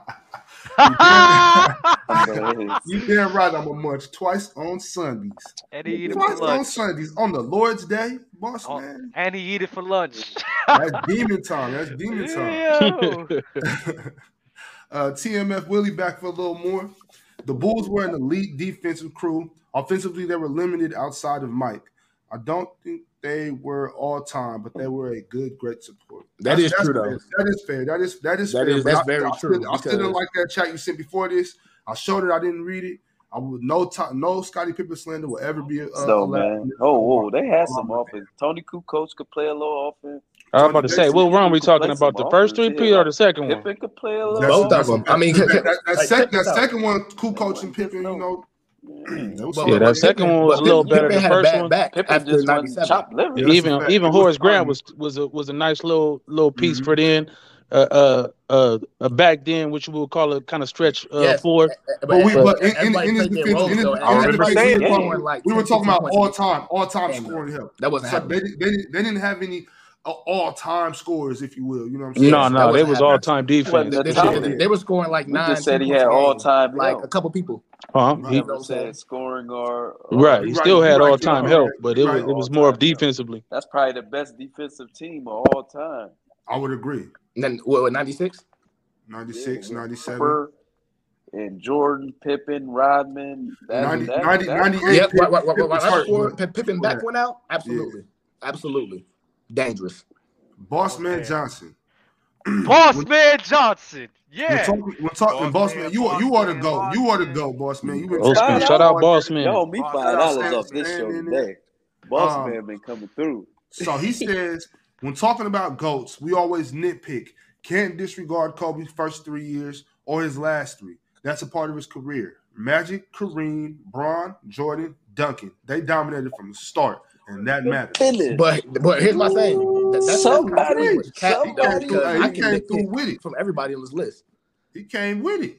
[SPEAKER 5] you, damn,
[SPEAKER 3] Blaze.
[SPEAKER 5] you damn right. I'm a munch twice on Sundays.
[SPEAKER 1] and he eat it for
[SPEAKER 5] Twice on
[SPEAKER 1] lunch.
[SPEAKER 5] Sundays on the Lord's Day, boss
[SPEAKER 1] Oh,
[SPEAKER 5] man.
[SPEAKER 1] and he eat it for lunch.
[SPEAKER 5] That's demon time. That's demon time.
[SPEAKER 1] Yo.
[SPEAKER 5] uh, TMF Willie back for a little more. The Bulls were an elite defensive crew. Offensively, they were limited outside of Mike. I don't think they were all time, but they were a good, great support.
[SPEAKER 7] That is
[SPEAKER 5] that's
[SPEAKER 7] true, though.
[SPEAKER 5] fair. That is fair. That is that is
[SPEAKER 7] That
[SPEAKER 5] fair.
[SPEAKER 7] is-
[SPEAKER 5] but
[SPEAKER 7] that's
[SPEAKER 5] I,
[SPEAKER 7] very
[SPEAKER 5] I
[SPEAKER 7] true,
[SPEAKER 5] Still, I still didn't
[SPEAKER 7] because-
[SPEAKER 5] like that chat you sent before this. I showed it. I didn't read it. I would no time, no Scotty Pippen slander will ever be uh,
[SPEAKER 3] So
[SPEAKER 5] allowed.
[SPEAKER 3] man, oh whoa, they had
[SPEAKER 5] on
[SPEAKER 3] some offense. Tony Kukoc could play a little offense.
[SPEAKER 4] I was about
[SPEAKER 5] Tony
[SPEAKER 4] to say,
[SPEAKER 5] Davis.
[SPEAKER 4] what round
[SPEAKER 3] People
[SPEAKER 4] we
[SPEAKER 3] could
[SPEAKER 4] talking
[SPEAKER 3] play some
[SPEAKER 4] about? The first
[SPEAKER 3] offense
[SPEAKER 4] three
[SPEAKER 3] here.
[SPEAKER 4] P or
[SPEAKER 3] Like
[SPEAKER 4] the second one?
[SPEAKER 3] Pippen could play a
[SPEAKER 5] That's,
[SPEAKER 3] little
[SPEAKER 7] Both
[SPEAKER 5] that's,
[SPEAKER 7] of
[SPEAKER 3] offense.
[SPEAKER 7] them. I mean,
[SPEAKER 5] that, that, that,
[SPEAKER 7] like,
[SPEAKER 5] sec,
[SPEAKER 7] check
[SPEAKER 5] that
[SPEAKER 7] this out.
[SPEAKER 5] second one, Kukoc and
[SPEAKER 3] wasn't just
[SPEAKER 5] Pippen, you
[SPEAKER 3] no.
[SPEAKER 5] know,
[SPEAKER 3] Mm,
[SPEAKER 5] they was
[SPEAKER 7] But
[SPEAKER 5] all right
[SPEAKER 4] Yeah, that
[SPEAKER 7] but but
[SPEAKER 5] there.
[SPEAKER 4] second
[SPEAKER 7] Pippen
[SPEAKER 4] one was a
[SPEAKER 7] but
[SPEAKER 4] little
[SPEAKER 7] Pippen,
[SPEAKER 4] better
[SPEAKER 7] Pippen
[SPEAKER 4] than the
[SPEAKER 7] had a
[SPEAKER 4] first
[SPEAKER 7] bad
[SPEAKER 4] one.
[SPEAKER 7] back
[SPEAKER 3] Pippen
[SPEAKER 7] after
[SPEAKER 3] just wasn't
[SPEAKER 7] '97.
[SPEAKER 3] chopped liver.
[SPEAKER 5] Yeah, that's a
[SPEAKER 4] Even
[SPEAKER 5] fact.
[SPEAKER 4] even
[SPEAKER 5] It was
[SPEAKER 4] Horace Grant
[SPEAKER 5] fun.
[SPEAKER 4] was was a was a nice little little piece
[SPEAKER 5] hmm
[SPEAKER 4] for then, uh uh uh uh, back then, which we would call a kind of stretch uh
[SPEAKER 7] Yes,
[SPEAKER 4] four.
[SPEAKER 7] a- a-
[SPEAKER 5] But
[SPEAKER 7] but
[SPEAKER 5] we,
[SPEAKER 7] but
[SPEAKER 4] But
[SPEAKER 5] but in, in,
[SPEAKER 7] everybody
[SPEAKER 5] in his
[SPEAKER 7] played their
[SPEAKER 5] defense, in
[SPEAKER 7] roles
[SPEAKER 5] his,
[SPEAKER 7] though.
[SPEAKER 5] in
[SPEAKER 7] Everybody,
[SPEAKER 5] his
[SPEAKER 2] Remember
[SPEAKER 5] defense, we
[SPEAKER 7] everybody played
[SPEAKER 2] saying
[SPEAKER 5] were
[SPEAKER 7] their
[SPEAKER 2] that?
[SPEAKER 7] role
[SPEAKER 5] talking,
[SPEAKER 7] in like
[SPEAKER 5] we were
[SPEAKER 7] 10,
[SPEAKER 5] talking
[SPEAKER 7] 15
[SPEAKER 5] about
[SPEAKER 7] points a
[SPEAKER 5] all
[SPEAKER 7] game.
[SPEAKER 5] time, all time
[SPEAKER 7] Damn, no,
[SPEAKER 5] scoring help.
[SPEAKER 7] that wasn't
[SPEAKER 5] So
[SPEAKER 7] happening.
[SPEAKER 5] they they, they didn't have any uh, all time scorers, if you will. You know what I'm saying?
[SPEAKER 4] no,
[SPEAKER 7] Yeah,
[SPEAKER 5] So
[SPEAKER 7] that
[SPEAKER 4] no, they
[SPEAKER 7] wasn't
[SPEAKER 4] was
[SPEAKER 7] happening.
[SPEAKER 4] all time
[SPEAKER 3] He wasn't
[SPEAKER 4] defense.
[SPEAKER 7] They,
[SPEAKER 3] a
[SPEAKER 4] For
[SPEAKER 7] they, they,
[SPEAKER 4] sure.
[SPEAKER 7] they,
[SPEAKER 3] talent.
[SPEAKER 7] they were scoring like
[SPEAKER 3] We just
[SPEAKER 7] nine,
[SPEAKER 3] said
[SPEAKER 7] ten
[SPEAKER 3] he
[SPEAKER 7] points
[SPEAKER 3] had
[SPEAKER 7] a
[SPEAKER 3] all
[SPEAKER 7] game.
[SPEAKER 3] time
[SPEAKER 7] Like a
[SPEAKER 3] help.
[SPEAKER 7] couple people.
[SPEAKER 4] Huh?
[SPEAKER 3] We
[SPEAKER 5] right,
[SPEAKER 4] uh-huh, He
[SPEAKER 7] You
[SPEAKER 3] never
[SPEAKER 7] know what I'm saying?
[SPEAKER 3] said scoring or
[SPEAKER 4] right.
[SPEAKER 5] you
[SPEAKER 4] He
[SPEAKER 5] right,
[SPEAKER 4] still
[SPEAKER 5] you
[SPEAKER 4] had
[SPEAKER 5] right, King.
[SPEAKER 4] all time
[SPEAKER 5] You
[SPEAKER 3] all-time
[SPEAKER 4] help,
[SPEAKER 5] right,
[SPEAKER 4] but it
[SPEAKER 5] you
[SPEAKER 4] was
[SPEAKER 5] right.
[SPEAKER 4] it
[SPEAKER 3] all
[SPEAKER 4] was more of
[SPEAKER 3] time help.
[SPEAKER 4] defensively.
[SPEAKER 3] That's probably the best defensive team of all time.
[SPEAKER 5] I would agree.
[SPEAKER 7] And then what, '96?
[SPEAKER 3] Yeah,
[SPEAKER 5] 96,
[SPEAKER 3] with
[SPEAKER 5] 97,
[SPEAKER 3] Harper and Jordan, Pippen, Rodman. That
[SPEAKER 5] 90,
[SPEAKER 3] that
[SPEAKER 5] 90,
[SPEAKER 3] that crew.
[SPEAKER 5] 98
[SPEAKER 7] Yep, right,
[SPEAKER 5] Pip,
[SPEAKER 7] right, right,
[SPEAKER 5] Pip
[SPEAKER 7] right,
[SPEAKER 5] was
[SPEAKER 7] right
[SPEAKER 5] hurt,
[SPEAKER 7] before
[SPEAKER 5] but
[SPEAKER 7] P- Pippen
[SPEAKER 5] before
[SPEAKER 7] back
[SPEAKER 5] that,
[SPEAKER 7] went out.
[SPEAKER 5] yeah.
[SPEAKER 7] Absolutely, absolutely, dangerous.
[SPEAKER 5] Boss
[SPEAKER 1] Almost
[SPEAKER 5] man
[SPEAKER 1] there.
[SPEAKER 5] Johnson.
[SPEAKER 1] Boss Man Johnson.
[SPEAKER 5] We're
[SPEAKER 1] Yeah.
[SPEAKER 5] talking, we're talking,
[SPEAKER 2] Boss
[SPEAKER 5] boss
[SPEAKER 2] man,
[SPEAKER 5] man. You are,
[SPEAKER 2] boss
[SPEAKER 5] you are the
[SPEAKER 2] man,
[SPEAKER 5] go.
[SPEAKER 2] boss
[SPEAKER 5] You are the
[SPEAKER 2] man.
[SPEAKER 5] go, boss man. You've been
[SPEAKER 4] Boss
[SPEAKER 5] checking
[SPEAKER 4] man,
[SPEAKER 3] Five
[SPEAKER 5] out
[SPEAKER 4] shout out,
[SPEAKER 5] all
[SPEAKER 4] boss
[SPEAKER 5] day.
[SPEAKER 4] man.
[SPEAKER 3] Yo, me
[SPEAKER 2] Boss
[SPEAKER 3] five
[SPEAKER 2] man,
[SPEAKER 5] Shout out,
[SPEAKER 3] dollars
[SPEAKER 5] stand,
[SPEAKER 2] boss
[SPEAKER 3] off this
[SPEAKER 2] man.
[SPEAKER 3] show
[SPEAKER 5] standing in.
[SPEAKER 3] today. Boss
[SPEAKER 5] Um,
[SPEAKER 3] man been coming through.
[SPEAKER 5] So he says, when talking about goats, we always nitpick. Can't disregard Kobe's first three years or his last three. That's a part of his career. Magic, Kareem, Braun, Jordan, Duncan. They dominated from the start, and that matters.
[SPEAKER 3] Tennis.
[SPEAKER 7] But but here's my thing. That, that's that's kind of
[SPEAKER 5] Ooh,
[SPEAKER 7] pretty
[SPEAKER 3] Somebody,
[SPEAKER 5] wait.
[SPEAKER 7] much cap
[SPEAKER 5] He
[SPEAKER 7] though,
[SPEAKER 5] came
[SPEAKER 3] somebody.
[SPEAKER 5] through.
[SPEAKER 7] because
[SPEAKER 5] Hey,
[SPEAKER 7] I
[SPEAKER 5] he
[SPEAKER 7] can
[SPEAKER 5] came through
[SPEAKER 7] nitpick
[SPEAKER 5] with it.
[SPEAKER 7] from everybody on this list.
[SPEAKER 5] He came with it.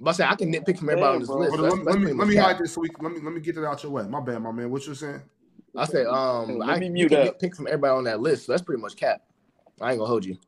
[SPEAKER 7] But I say I can nitpick from everybody on
[SPEAKER 3] Damn,
[SPEAKER 7] this
[SPEAKER 3] bro.
[SPEAKER 7] list.
[SPEAKER 5] Hold
[SPEAKER 7] So
[SPEAKER 5] on, let
[SPEAKER 7] that's
[SPEAKER 5] me
[SPEAKER 7] that's
[SPEAKER 5] let me
[SPEAKER 7] pretty
[SPEAKER 5] let
[SPEAKER 7] much
[SPEAKER 5] me
[SPEAKER 7] cap.
[SPEAKER 5] hide this so we can, let me let me get it out your way. My bad, my man. What you saying?
[SPEAKER 7] I say um
[SPEAKER 3] Let
[SPEAKER 7] I
[SPEAKER 3] me
[SPEAKER 7] you
[SPEAKER 3] mute
[SPEAKER 7] can
[SPEAKER 3] up.
[SPEAKER 7] nitpick from everybody on that list. So that's pretty much cap. I ain't gonna hold you.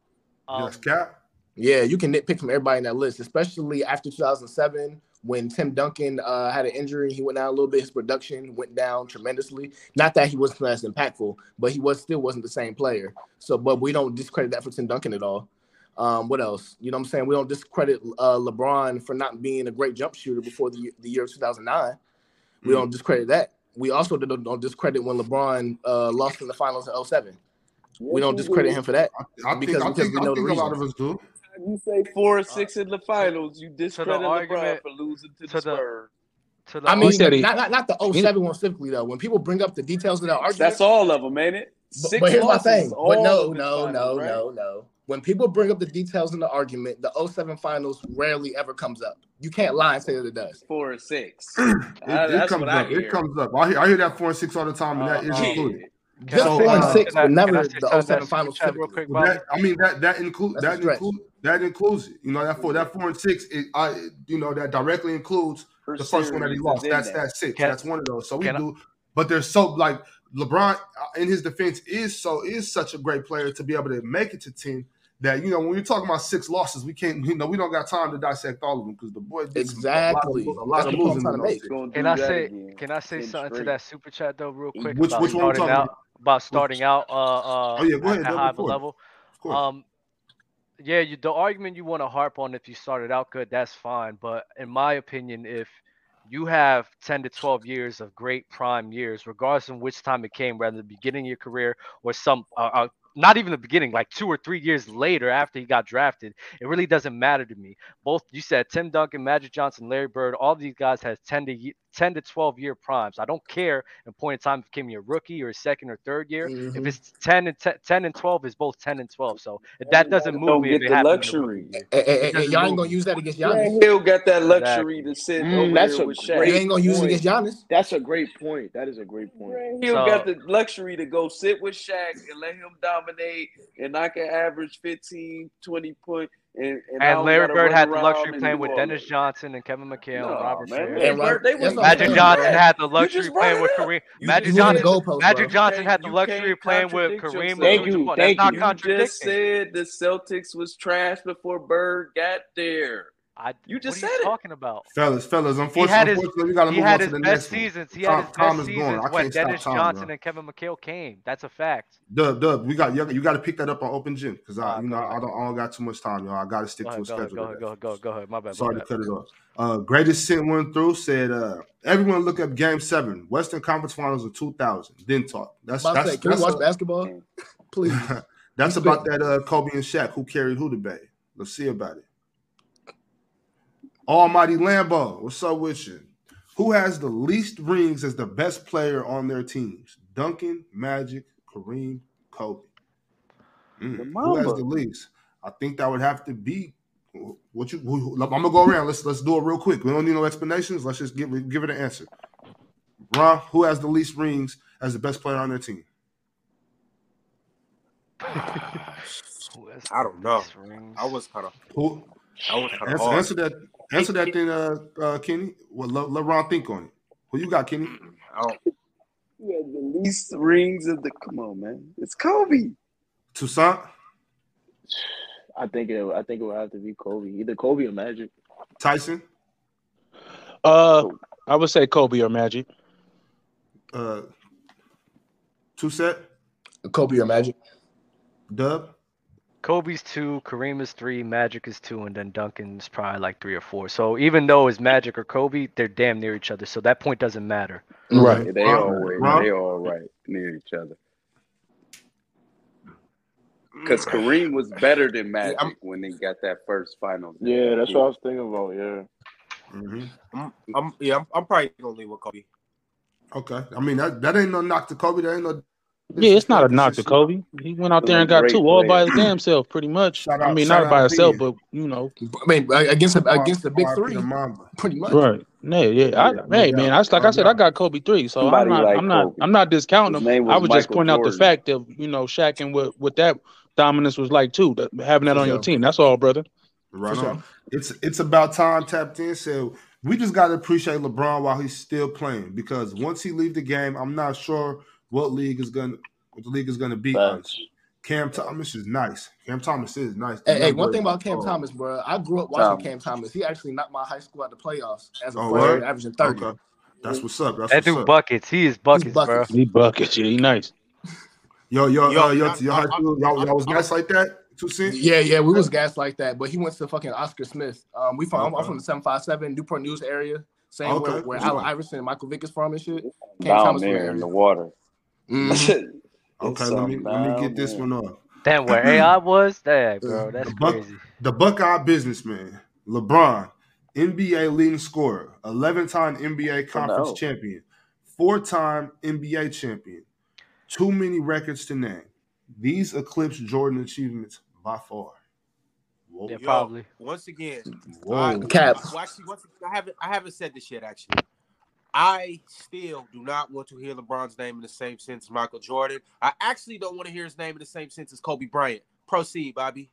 [SPEAKER 5] Yes,
[SPEAKER 1] Um,
[SPEAKER 5] Cap.
[SPEAKER 7] Yeah, you can nitpick from everybody in that list, especially after 2007 when Tim Duncan uh, had an injury. He went out a little bit. His production went down tremendously. Not that he wasn't as impactful, but he was still wasn't the same player. So, but we don't discredit that for Tim Duncan at all. Um, what else? You know what I'm saying? We don't discredit uh, LeBron for not being a great jump shooter before the, the year of 2009. We
[SPEAKER 5] Mm.
[SPEAKER 7] don't discredit that. We also don't, don't discredit when LeBron uh, lost in the finals in 07. We don't discredit him for that
[SPEAKER 5] I, I think
[SPEAKER 7] because
[SPEAKER 5] I
[SPEAKER 7] because
[SPEAKER 5] think
[SPEAKER 7] we
[SPEAKER 5] I
[SPEAKER 7] know the
[SPEAKER 5] think a lot of
[SPEAKER 7] reasons.
[SPEAKER 5] us do.
[SPEAKER 3] You say four or
[SPEAKER 5] Uh,
[SPEAKER 3] six in the finals. You discredit LeBron
[SPEAKER 1] argument-
[SPEAKER 3] for losing to the Spurs.
[SPEAKER 1] To
[SPEAKER 3] the
[SPEAKER 7] I mean,
[SPEAKER 3] He said he-
[SPEAKER 7] not, not, not the 07 one specifically, though. When people bring up the details of that argument,
[SPEAKER 3] That's all of them, ain't it?
[SPEAKER 7] But,
[SPEAKER 3] Six
[SPEAKER 7] but here's my
[SPEAKER 3] losses
[SPEAKER 7] thing.
[SPEAKER 3] is
[SPEAKER 7] But
[SPEAKER 3] all
[SPEAKER 7] no,
[SPEAKER 3] of his
[SPEAKER 7] no, no,
[SPEAKER 3] finals, right?
[SPEAKER 7] no, no. When people bring up the details in the argument, the 07 finals rarely ever comes up. You can't lie and say that it does.
[SPEAKER 3] Four or six.
[SPEAKER 5] It, it comes up. It comes up. Uh, I hear, Uh, I hear that four and six all the time, and that is included.
[SPEAKER 7] Just
[SPEAKER 5] So,
[SPEAKER 7] four and
[SPEAKER 5] uh,
[SPEAKER 7] six, but never
[SPEAKER 5] say something
[SPEAKER 7] the 07
[SPEAKER 5] that's-
[SPEAKER 7] finals.
[SPEAKER 5] chat real
[SPEAKER 7] typically.
[SPEAKER 5] Well, that, I mean that that include
[SPEAKER 7] That's a
[SPEAKER 5] that
[SPEAKER 7] stretch.
[SPEAKER 5] include that includes it. You know that four that four and six. It, I you know that directly includes
[SPEAKER 3] Her
[SPEAKER 5] the first one that he
[SPEAKER 3] series
[SPEAKER 5] lost.
[SPEAKER 3] is in
[SPEAKER 5] That's
[SPEAKER 3] there.
[SPEAKER 5] that six.
[SPEAKER 3] Can-
[SPEAKER 5] That's one of those. So we
[SPEAKER 3] can I-
[SPEAKER 5] do. But there's so like LeBron uh, in his defense is so is such a great player to be able to make it to ten. That you know when you're talking about six losses, we can't. You know we don't got time to dissect all of them because the boy did some-
[SPEAKER 1] Exactly.
[SPEAKER 5] a lot of, a lot
[SPEAKER 1] That's
[SPEAKER 5] of
[SPEAKER 1] the point I'm
[SPEAKER 5] losing.
[SPEAKER 1] trying to
[SPEAKER 5] in those
[SPEAKER 1] make.
[SPEAKER 5] six.
[SPEAKER 1] Can I say can I say something to that super chat though, real quick?
[SPEAKER 5] Which-
[SPEAKER 1] about
[SPEAKER 5] which one we
[SPEAKER 1] starting
[SPEAKER 5] talking
[SPEAKER 1] out
[SPEAKER 5] about?
[SPEAKER 1] about starting out uh, uh
[SPEAKER 5] Oh, yeah, go ahead,
[SPEAKER 1] at, at
[SPEAKER 5] Devin,
[SPEAKER 1] high
[SPEAKER 5] of course.
[SPEAKER 1] level.
[SPEAKER 5] course.
[SPEAKER 1] Um yeah, you, the argument you want to harp on if you started out good, that's fine. But in my opinion, if you have 10 to 12 years of great prime years, regardless of which time it came, whether the beginning of your career or some, uh, uh, not even the beginning, like two or three years later after he got drafted, it really doesn't matter to me. Both you said Tim Duncan, Magic Johnson, Larry Bird, all these guys had 10 to ye- 10 to 12 year primes. I don't care in point in time if it came your rookie or second or third year. If
[SPEAKER 7] Mm-hmm.
[SPEAKER 3] Mhm.
[SPEAKER 1] it's 10 and 10, 10 and 12 is both 10 and 12. So if that doesn't move
[SPEAKER 3] Don't
[SPEAKER 1] me,
[SPEAKER 3] get
[SPEAKER 1] if it
[SPEAKER 3] the
[SPEAKER 1] happened in the
[SPEAKER 3] luxury.
[SPEAKER 7] Hey, hey, hey, eh, y'all ain't gonna use that against Giannis.
[SPEAKER 3] Hill got that luxury to sit
[SPEAKER 6] Mm,
[SPEAKER 3] over
[SPEAKER 6] that's
[SPEAKER 3] there
[SPEAKER 6] a
[SPEAKER 3] with Shaq.
[SPEAKER 6] great
[SPEAKER 7] You ain't gonna use it
[SPEAKER 6] point.
[SPEAKER 7] against Giannis.
[SPEAKER 6] That's a great point. That is a great point.
[SPEAKER 3] Hill got the luxury to go sit with Shaq and let him dominate, and I can average 15, 20 point. And, and, I
[SPEAKER 1] And
[SPEAKER 3] don't
[SPEAKER 1] Larry
[SPEAKER 3] gotta
[SPEAKER 1] Bird
[SPEAKER 3] run
[SPEAKER 1] had the
[SPEAKER 3] around
[SPEAKER 1] luxury
[SPEAKER 3] and
[SPEAKER 1] of playing
[SPEAKER 3] do
[SPEAKER 1] with
[SPEAKER 3] all
[SPEAKER 1] Dennis Johnson and Kevin McHale and
[SPEAKER 3] No,
[SPEAKER 1] Robert
[SPEAKER 3] man.
[SPEAKER 1] Sharon.
[SPEAKER 3] Larry Bird, they was
[SPEAKER 1] Magic
[SPEAKER 3] playing
[SPEAKER 1] Johnson
[SPEAKER 3] that.
[SPEAKER 1] had the
[SPEAKER 3] You
[SPEAKER 1] luxury
[SPEAKER 3] just
[SPEAKER 1] playing
[SPEAKER 3] brought
[SPEAKER 1] with
[SPEAKER 3] it up.
[SPEAKER 1] Kareem.
[SPEAKER 3] You
[SPEAKER 1] Magic
[SPEAKER 3] just
[SPEAKER 1] Johnson,
[SPEAKER 3] said it.
[SPEAKER 1] Magic
[SPEAKER 3] You
[SPEAKER 1] Johnson
[SPEAKER 3] can't-
[SPEAKER 1] had the
[SPEAKER 3] you
[SPEAKER 1] luxury
[SPEAKER 3] can't
[SPEAKER 1] of playing with
[SPEAKER 3] contradict
[SPEAKER 1] Kareem
[SPEAKER 3] yourself.
[SPEAKER 1] Abdul-Jabbar. That's not
[SPEAKER 3] You just
[SPEAKER 1] contradicting.
[SPEAKER 3] said the Celtics was trash before Bird got there.
[SPEAKER 1] I,
[SPEAKER 3] you just
[SPEAKER 1] what are
[SPEAKER 3] said
[SPEAKER 1] you
[SPEAKER 3] it.
[SPEAKER 1] talking about?
[SPEAKER 5] Fellas, fellas,
[SPEAKER 1] He
[SPEAKER 5] unfortunately,
[SPEAKER 1] had his,
[SPEAKER 5] unfortunately we got to
[SPEAKER 1] he
[SPEAKER 5] move
[SPEAKER 1] had
[SPEAKER 5] on to
[SPEAKER 1] his
[SPEAKER 5] the
[SPEAKER 1] best
[SPEAKER 5] next one.
[SPEAKER 1] seasons. He
[SPEAKER 5] Tom-
[SPEAKER 1] had his
[SPEAKER 5] Tom
[SPEAKER 1] best
[SPEAKER 5] is gone.
[SPEAKER 1] seasons
[SPEAKER 5] I
[SPEAKER 1] when
[SPEAKER 5] can't stop
[SPEAKER 1] Dennis
[SPEAKER 5] Tom, bro.
[SPEAKER 1] Johnson and Kevin McHale came. That's a fact.
[SPEAKER 5] Dub, Dub, we got you got to pick that up on open gym because I,
[SPEAKER 1] Ah,
[SPEAKER 5] you know,
[SPEAKER 1] go
[SPEAKER 5] I don't, I don't got too much time, y'all. I got to stick
[SPEAKER 1] Go
[SPEAKER 5] to a
[SPEAKER 1] ahead, go ahead,
[SPEAKER 5] schedule.
[SPEAKER 1] go
[SPEAKER 5] today.
[SPEAKER 1] ahead, go ahead, go ahead, go ahead. My bad, my
[SPEAKER 5] Sorry to
[SPEAKER 1] bad.
[SPEAKER 5] cut it off. Uh, greatest sent went through said, uh, everyone look up Game Seven, Western Conference Finals of two thousand. Then talk. That's
[SPEAKER 7] About to
[SPEAKER 5] that's
[SPEAKER 7] say, can we
[SPEAKER 5] that's
[SPEAKER 7] watch
[SPEAKER 5] a-
[SPEAKER 7] basketball? Please.
[SPEAKER 5] that's about that uh, Kobe and Shaq who carried who debate. Let's see about it. Almighty Lambo, what's up with you? Who has the least rings as the best player on their teams? Duncan, Magic, Kareem, Kobe. Mm,
[SPEAKER 3] The
[SPEAKER 5] Who has
[SPEAKER 3] Mamba.
[SPEAKER 5] the least? I think that would have to be what you. Who, I'm gonna go around. Let's let's do it real quick. We don't need no explanations. Let's just give give it an answer. Ron, who has the least rings as the best player on their team?
[SPEAKER 2] I don't know. I was kind of.
[SPEAKER 5] Who?
[SPEAKER 2] I was kind of
[SPEAKER 5] Answer,
[SPEAKER 2] hard.
[SPEAKER 5] answer that. Answer that then, uh, uh, Kenny. Well, let, let Ron think on it. Who you got, Kenny?
[SPEAKER 2] I don't.
[SPEAKER 3] You had the least rings of the. Come on, man. It's Kobe.
[SPEAKER 5] Toussaint,
[SPEAKER 6] I think it. I think it would have to be Kobe, either Kobe or Magic.
[SPEAKER 5] Tyson,
[SPEAKER 4] Uh, I would say Kobe or Magic.
[SPEAKER 5] uh, Toussaint,
[SPEAKER 7] Kobe or Magic.
[SPEAKER 5] Dub.
[SPEAKER 1] Kobe's two, Kareem is three, Magic is two, and then Duncan's probably like three or four. So even though it's Magic or Kobe, they're damn near each other. So that point doesn't matter.
[SPEAKER 3] Right.
[SPEAKER 5] Mhm.
[SPEAKER 3] They
[SPEAKER 5] Ron-
[SPEAKER 3] always
[SPEAKER 5] Ron?
[SPEAKER 3] they all right near each other.
[SPEAKER 2] mm,
[SPEAKER 3] Because Kareem was better than Magic when they got that first final.
[SPEAKER 6] Yeah, that's what I was thinking about. Yeah.
[SPEAKER 5] Mm-hmm.
[SPEAKER 2] I'm, I'm, yeah, I'm, I'm probably gonna leave with Kobe.
[SPEAKER 5] Okay. I mean that that ain't no knock to Kobe. That ain't no.
[SPEAKER 4] Yeah, it's not a knock to Kobe. He went out there and got two all by his damn self, pretty much.
[SPEAKER 5] Shout
[SPEAKER 4] I
[SPEAKER 5] out-
[SPEAKER 4] mean,
[SPEAKER 5] shout
[SPEAKER 4] not by
[SPEAKER 5] out
[SPEAKER 4] himself,
[SPEAKER 5] P.
[SPEAKER 4] but you know,
[SPEAKER 7] I mean, uh, against the, against the big
[SPEAKER 5] R.I.P.
[SPEAKER 7] three,
[SPEAKER 5] to Mamba.
[SPEAKER 7] pretty much.
[SPEAKER 4] right? Yeah, yeah. I,
[SPEAKER 5] Yeah, no
[SPEAKER 4] hey, man,
[SPEAKER 5] doubt,
[SPEAKER 4] I just- like
[SPEAKER 5] no
[SPEAKER 4] I said, I got Kobe three, so
[SPEAKER 3] Somebody
[SPEAKER 4] I'm not,
[SPEAKER 3] like
[SPEAKER 4] I'm not,
[SPEAKER 3] Kobe.
[SPEAKER 4] I'm not discounting
[SPEAKER 3] His
[SPEAKER 4] him.
[SPEAKER 3] name
[SPEAKER 4] I
[SPEAKER 3] was
[SPEAKER 4] would just
[SPEAKER 3] Michael
[SPEAKER 4] point out the
[SPEAKER 3] Jordan.
[SPEAKER 4] fact of you know Shaq and what what that dominance was like too, that, having that
[SPEAKER 5] For
[SPEAKER 4] on your
[SPEAKER 5] sure.
[SPEAKER 4] team. That's all, brother.
[SPEAKER 5] Right
[SPEAKER 4] For
[SPEAKER 5] on.
[SPEAKER 4] sure.
[SPEAKER 5] It's it's about time tapped in. So we just gotta appreciate LeBron while he's still playing because once he leave the game, I'm not sure what league is gonna what the league is gonna be. honestly. Cam Thomas is nice. Cam Thomas is nice. The
[SPEAKER 7] Hey, hey,
[SPEAKER 5] young
[SPEAKER 7] one
[SPEAKER 5] boy-
[SPEAKER 7] thing about Cam
[SPEAKER 5] oh,
[SPEAKER 7] Thomas, bro, I grew up watching
[SPEAKER 5] Thomas.
[SPEAKER 7] Cam Thomas. He actually knocked my high school out the playoffs as a
[SPEAKER 5] Oh,
[SPEAKER 7] freshman,
[SPEAKER 5] word?
[SPEAKER 7] averaging thirty.
[SPEAKER 5] Okay. That's what's up. That's
[SPEAKER 1] That
[SPEAKER 5] what's
[SPEAKER 1] dude
[SPEAKER 5] up.
[SPEAKER 1] buckets. He is buckets, bro.
[SPEAKER 7] buckets.
[SPEAKER 4] He buckets. Yeah, he nice.
[SPEAKER 5] Yo, yo,
[SPEAKER 7] Yo,
[SPEAKER 5] uh, yo,
[SPEAKER 7] I-
[SPEAKER 5] yo, high school, y'all, y'all was nice like that. Two cents.
[SPEAKER 7] Yeah, yeah, we was gassed like that. But he went to fucking Oscar Smith. Um, we from I'm
[SPEAKER 5] Okay.
[SPEAKER 7] from the seven five seven Newport News area, same where,
[SPEAKER 3] Okay.
[SPEAKER 7] where Allen Iverson and Michael Vick is from and shit. Cam
[SPEAKER 3] Down
[SPEAKER 7] Thomas from
[SPEAKER 3] there in
[SPEAKER 7] area.
[SPEAKER 3] the water.
[SPEAKER 7] Mhm.
[SPEAKER 5] Okay,
[SPEAKER 3] It's
[SPEAKER 5] let me
[SPEAKER 3] something
[SPEAKER 5] let me get
[SPEAKER 3] down
[SPEAKER 5] this
[SPEAKER 3] there.
[SPEAKER 5] one off.
[SPEAKER 1] Damn, where AI was? Damn, bro, that's
[SPEAKER 5] the, Buck-
[SPEAKER 1] crazy.
[SPEAKER 5] the Buckeye businessman, LeBron, NBA leading scorer, 11 time NBA conference
[SPEAKER 3] no.
[SPEAKER 5] champion, four time NBA champion. Too many records to name. These eclipse Jordan achievements by far. Whoa.
[SPEAKER 1] Yeah,
[SPEAKER 2] Yo,
[SPEAKER 1] probably.
[SPEAKER 2] Once again,
[SPEAKER 5] Whoa.
[SPEAKER 2] I-
[SPEAKER 7] Caps.
[SPEAKER 2] Well, actually, once, I haven't I haven't said this yet. Actually, I still do not want to hear LeBron's name in the same sense as Michael Jordan. I actually don't want to hear his name in the same sense as Kobe Bryant. Proceed, Bobby.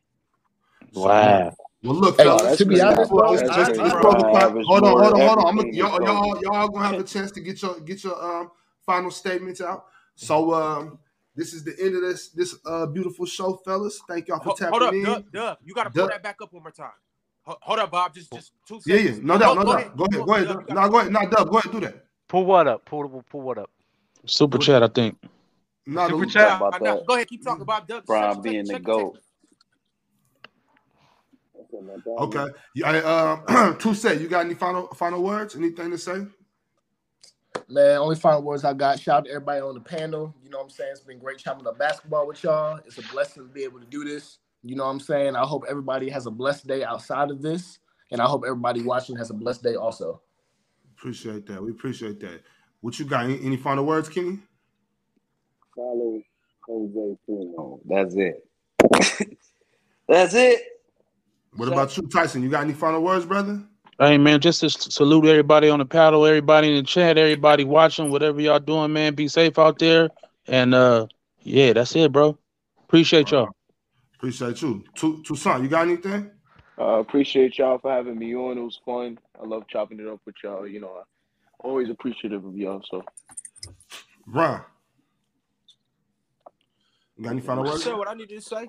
[SPEAKER 5] Wow. Well, look,
[SPEAKER 7] Hey,
[SPEAKER 5] fellas,
[SPEAKER 7] that's
[SPEAKER 5] to be
[SPEAKER 7] crazy.
[SPEAKER 5] honest, bro, let's,
[SPEAKER 7] That's
[SPEAKER 5] let's,
[SPEAKER 7] crazy.
[SPEAKER 5] let's close the clock.
[SPEAKER 3] Average
[SPEAKER 5] Hold on,
[SPEAKER 3] more
[SPEAKER 5] hold on, hold on. I'm gonna,
[SPEAKER 3] everything
[SPEAKER 5] y'all,
[SPEAKER 3] than
[SPEAKER 5] y'all, y'all gonna have a chance to get your get your um final statements out. So um, this is the end of this this uh beautiful show, fellas. Thank y'all for
[SPEAKER 2] Ho-
[SPEAKER 5] tapping
[SPEAKER 2] hold up,
[SPEAKER 5] in.
[SPEAKER 2] Dub, Dub, you got to pull
[SPEAKER 5] Dub.
[SPEAKER 2] that back up one more time. Ho- hold up, Bob. Just just two
[SPEAKER 5] Yeah,
[SPEAKER 2] seconds.
[SPEAKER 5] yeah, no doubt,
[SPEAKER 2] Go-
[SPEAKER 5] no
[SPEAKER 2] go
[SPEAKER 5] doubt. Go ahead, go ahead.
[SPEAKER 2] Dub,
[SPEAKER 5] Dub.
[SPEAKER 2] you
[SPEAKER 5] Nah,
[SPEAKER 2] gotta-
[SPEAKER 5] go ahead, nah, Dub, go ahead, do that.
[SPEAKER 1] Pull what up? Pull pull what up?
[SPEAKER 4] Super chat, I think.
[SPEAKER 5] Nah,
[SPEAKER 1] Super
[SPEAKER 5] the-
[SPEAKER 1] chat?
[SPEAKER 2] Nah,
[SPEAKER 3] about
[SPEAKER 2] nah,
[SPEAKER 3] that.
[SPEAKER 2] Go ahead, keep talking, Bob. Dub,
[SPEAKER 3] Brian
[SPEAKER 2] check- check-
[SPEAKER 3] being the
[SPEAKER 2] check- check-
[SPEAKER 3] GOAT.
[SPEAKER 5] Okay, yeah, uh, True set. You got any final final words? Anything to say?
[SPEAKER 7] Man, only final words I got. Shout out to everybody on the panel. You know what I'm saying? It's been great chopping up basketball with y'all. It's a blessing to be able to do this. You know what I'm saying? I hope everybody has a blessed day outside of this. And I hope everybody watching has a blessed day also.
[SPEAKER 5] Appreciate that. We appreciate that. What you got? Any, any final words, Kenny?
[SPEAKER 3] Follow Jose Primo. Oh, That's it. That's it.
[SPEAKER 5] What about you, Tyson? You got any final words, brother?
[SPEAKER 4] Hey man, just to s- salute everybody on the paddle, everybody in the chat, everybody watching, whatever y'all doing, man. Be safe out there. And uh yeah, that's it, bro. Appreciate y'all.
[SPEAKER 5] Appreciate you. Tu- Tucson, you got anything?
[SPEAKER 6] Uh, appreciate y'all for having me on. It was fun. I love chopping it up with y'all. You know, I always appreciative of y'all. So
[SPEAKER 5] Brian. You got any final
[SPEAKER 2] I
[SPEAKER 5] words?
[SPEAKER 2] said what I need you to say.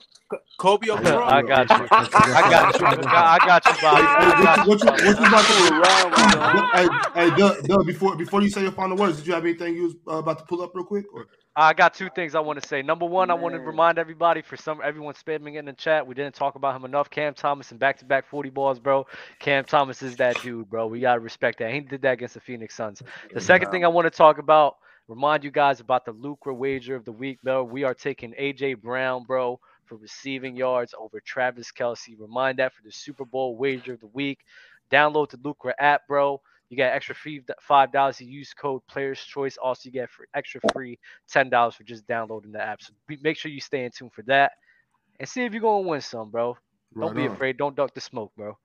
[SPEAKER 2] Kobe or
[SPEAKER 5] Yeah,
[SPEAKER 1] I
[SPEAKER 2] Bron?
[SPEAKER 1] got you. I got you. I got, I got you, Bobby. I
[SPEAKER 5] Hey,
[SPEAKER 1] got you,
[SPEAKER 5] what, you, what,
[SPEAKER 1] Bobby.
[SPEAKER 5] you, what you about to
[SPEAKER 3] Around,
[SPEAKER 5] Hey, hey Doug, Doug, before before you say your final words, did you have anything you was uh, about to pull up real quick? Or?
[SPEAKER 1] I got two things I want to say. Number one, I want to
[SPEAKER 7] Man.
[SPEAKER 1] remind everybody for some everyone spamming in the chat, we didn't talk about him enough. Cam Thomas and back to back 40 balls, bro. Cam Thomas is that dude, bro. We gotta respect that. He did that against the Phoenix Suns. The second thing I want to talk about, remind you guys about the lucre wager of the week, bro. We are taking AJ Brown, bro, for receiving yards over Travis Kelsey. Remind that for the Super Bowl wager of the week. Download the lucre app, bro. You got extra free five dollars to use code Players Choice. Also, you get free, extra free ten dollars for just downloading the app. So be, make sure you stay in tune for that and see if you're gonna win some, bro. Don't
[SPEAKER 5] Right
[SPEAKER 1] be
[SPEAKER 5] on.
[SPEAKER 1] afraid. Don't duck the smoke, bro.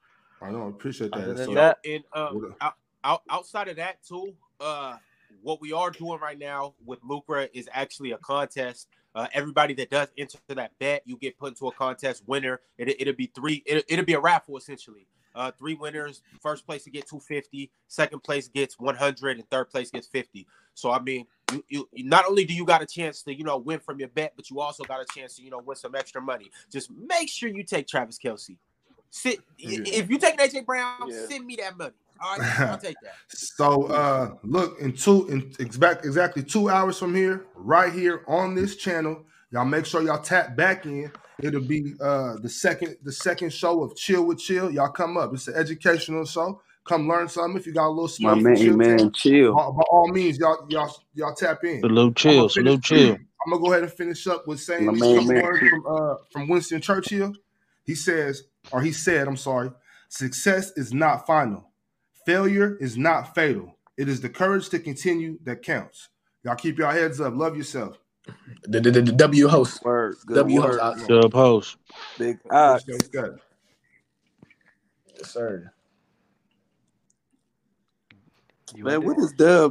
[SPEAKER 5] I know. Appreciate that.
[SPEAKER 1] Other
[SPEAKER 5] That's
[SPEAKER 1] than
[SPEAKER 5] all.
[SPEAKER 1] that-
[SPEAKER 2] And uh,
[SPEAKER 5] What up?
[SPEAKER 2] out, out, outside of that too, uh, what we are doing right now with Lucra is actually a contest. Uh, everybody that does enter that bet, you get put into a contest winner. It, it'll be three. It, it'll be a raffle essentially. Uh, three winners. First place to get 250. Second place gets 100, and third place gets 50. So I mean, you, you, you not only do you got a chance to you know win from your bet, but you also got a chance to you know win some extra money. Just make sure you take Travis Kelsey. Sit
[SPEAKER 5] Yeah.
[SPEAKER 2] if you take AJ Brown,
[SPEAKER 6] Yeah.
[SPEAKER 2] send me that money. All right, I'll take that.
[SPEAKER 5] So uh look in two in exact exactly two hours from here, right here on this channel. Y'all make sure y'all tap back in. It'll be uh the second the second show of Chill with Chill. Y'all come up. It's an educational show. Come learn something. If you got a little
[SPEAKER 3] my
[SPEAKER 5] space,
[SPEAKER 3] man,
[SPEAKER 5] chill
[SPEAKER 3] man,
[SPEAKER 5] time, by,
[SPEAKER 3] chill.
[SPEAKER 5] by all means, y'all y'all y'all tap in.
[SPEAKER 4] Salute
[SPEAKER 5] I'm gonna
[SPEAKER 4] chill,
[SPEAKER 5] finish.
[SPEAKER 4] salute chill.
[SPEAKER 5] I'm gonna go ahead and finish up with saying
[SPEAKER 3] My
[SPEAKER 5] these
[SPEAKER 3] man,
[SPEAKER 5] couple
[SPEAKER 3] man.
[SPEAKER 5] words from uh from Winston Churchill. He says, or he said, I'm sorry, success is not final. Failure is not fatal. It is the courage to continue that counts. Y'all keep your heads up. Love yourself.
[SPEAKER 7] The, the, the, the W host.
[SPEAKER 3] Word, good
[SPEAKER 7] W
[SPEAKER 3] word.
[SPEAKER 7] host. Ox.
[SPEAKER 4] Dub host.
[SPEAKER 3] Big ox.
[SPEAKER 5] Appreciate that.
[SPEAKER 7] Yes, sir.
[SPEAKER 1] You
[SPEAKER 3] Man,
[SPEAKER 1] want
[SPEAKER 3] what is dub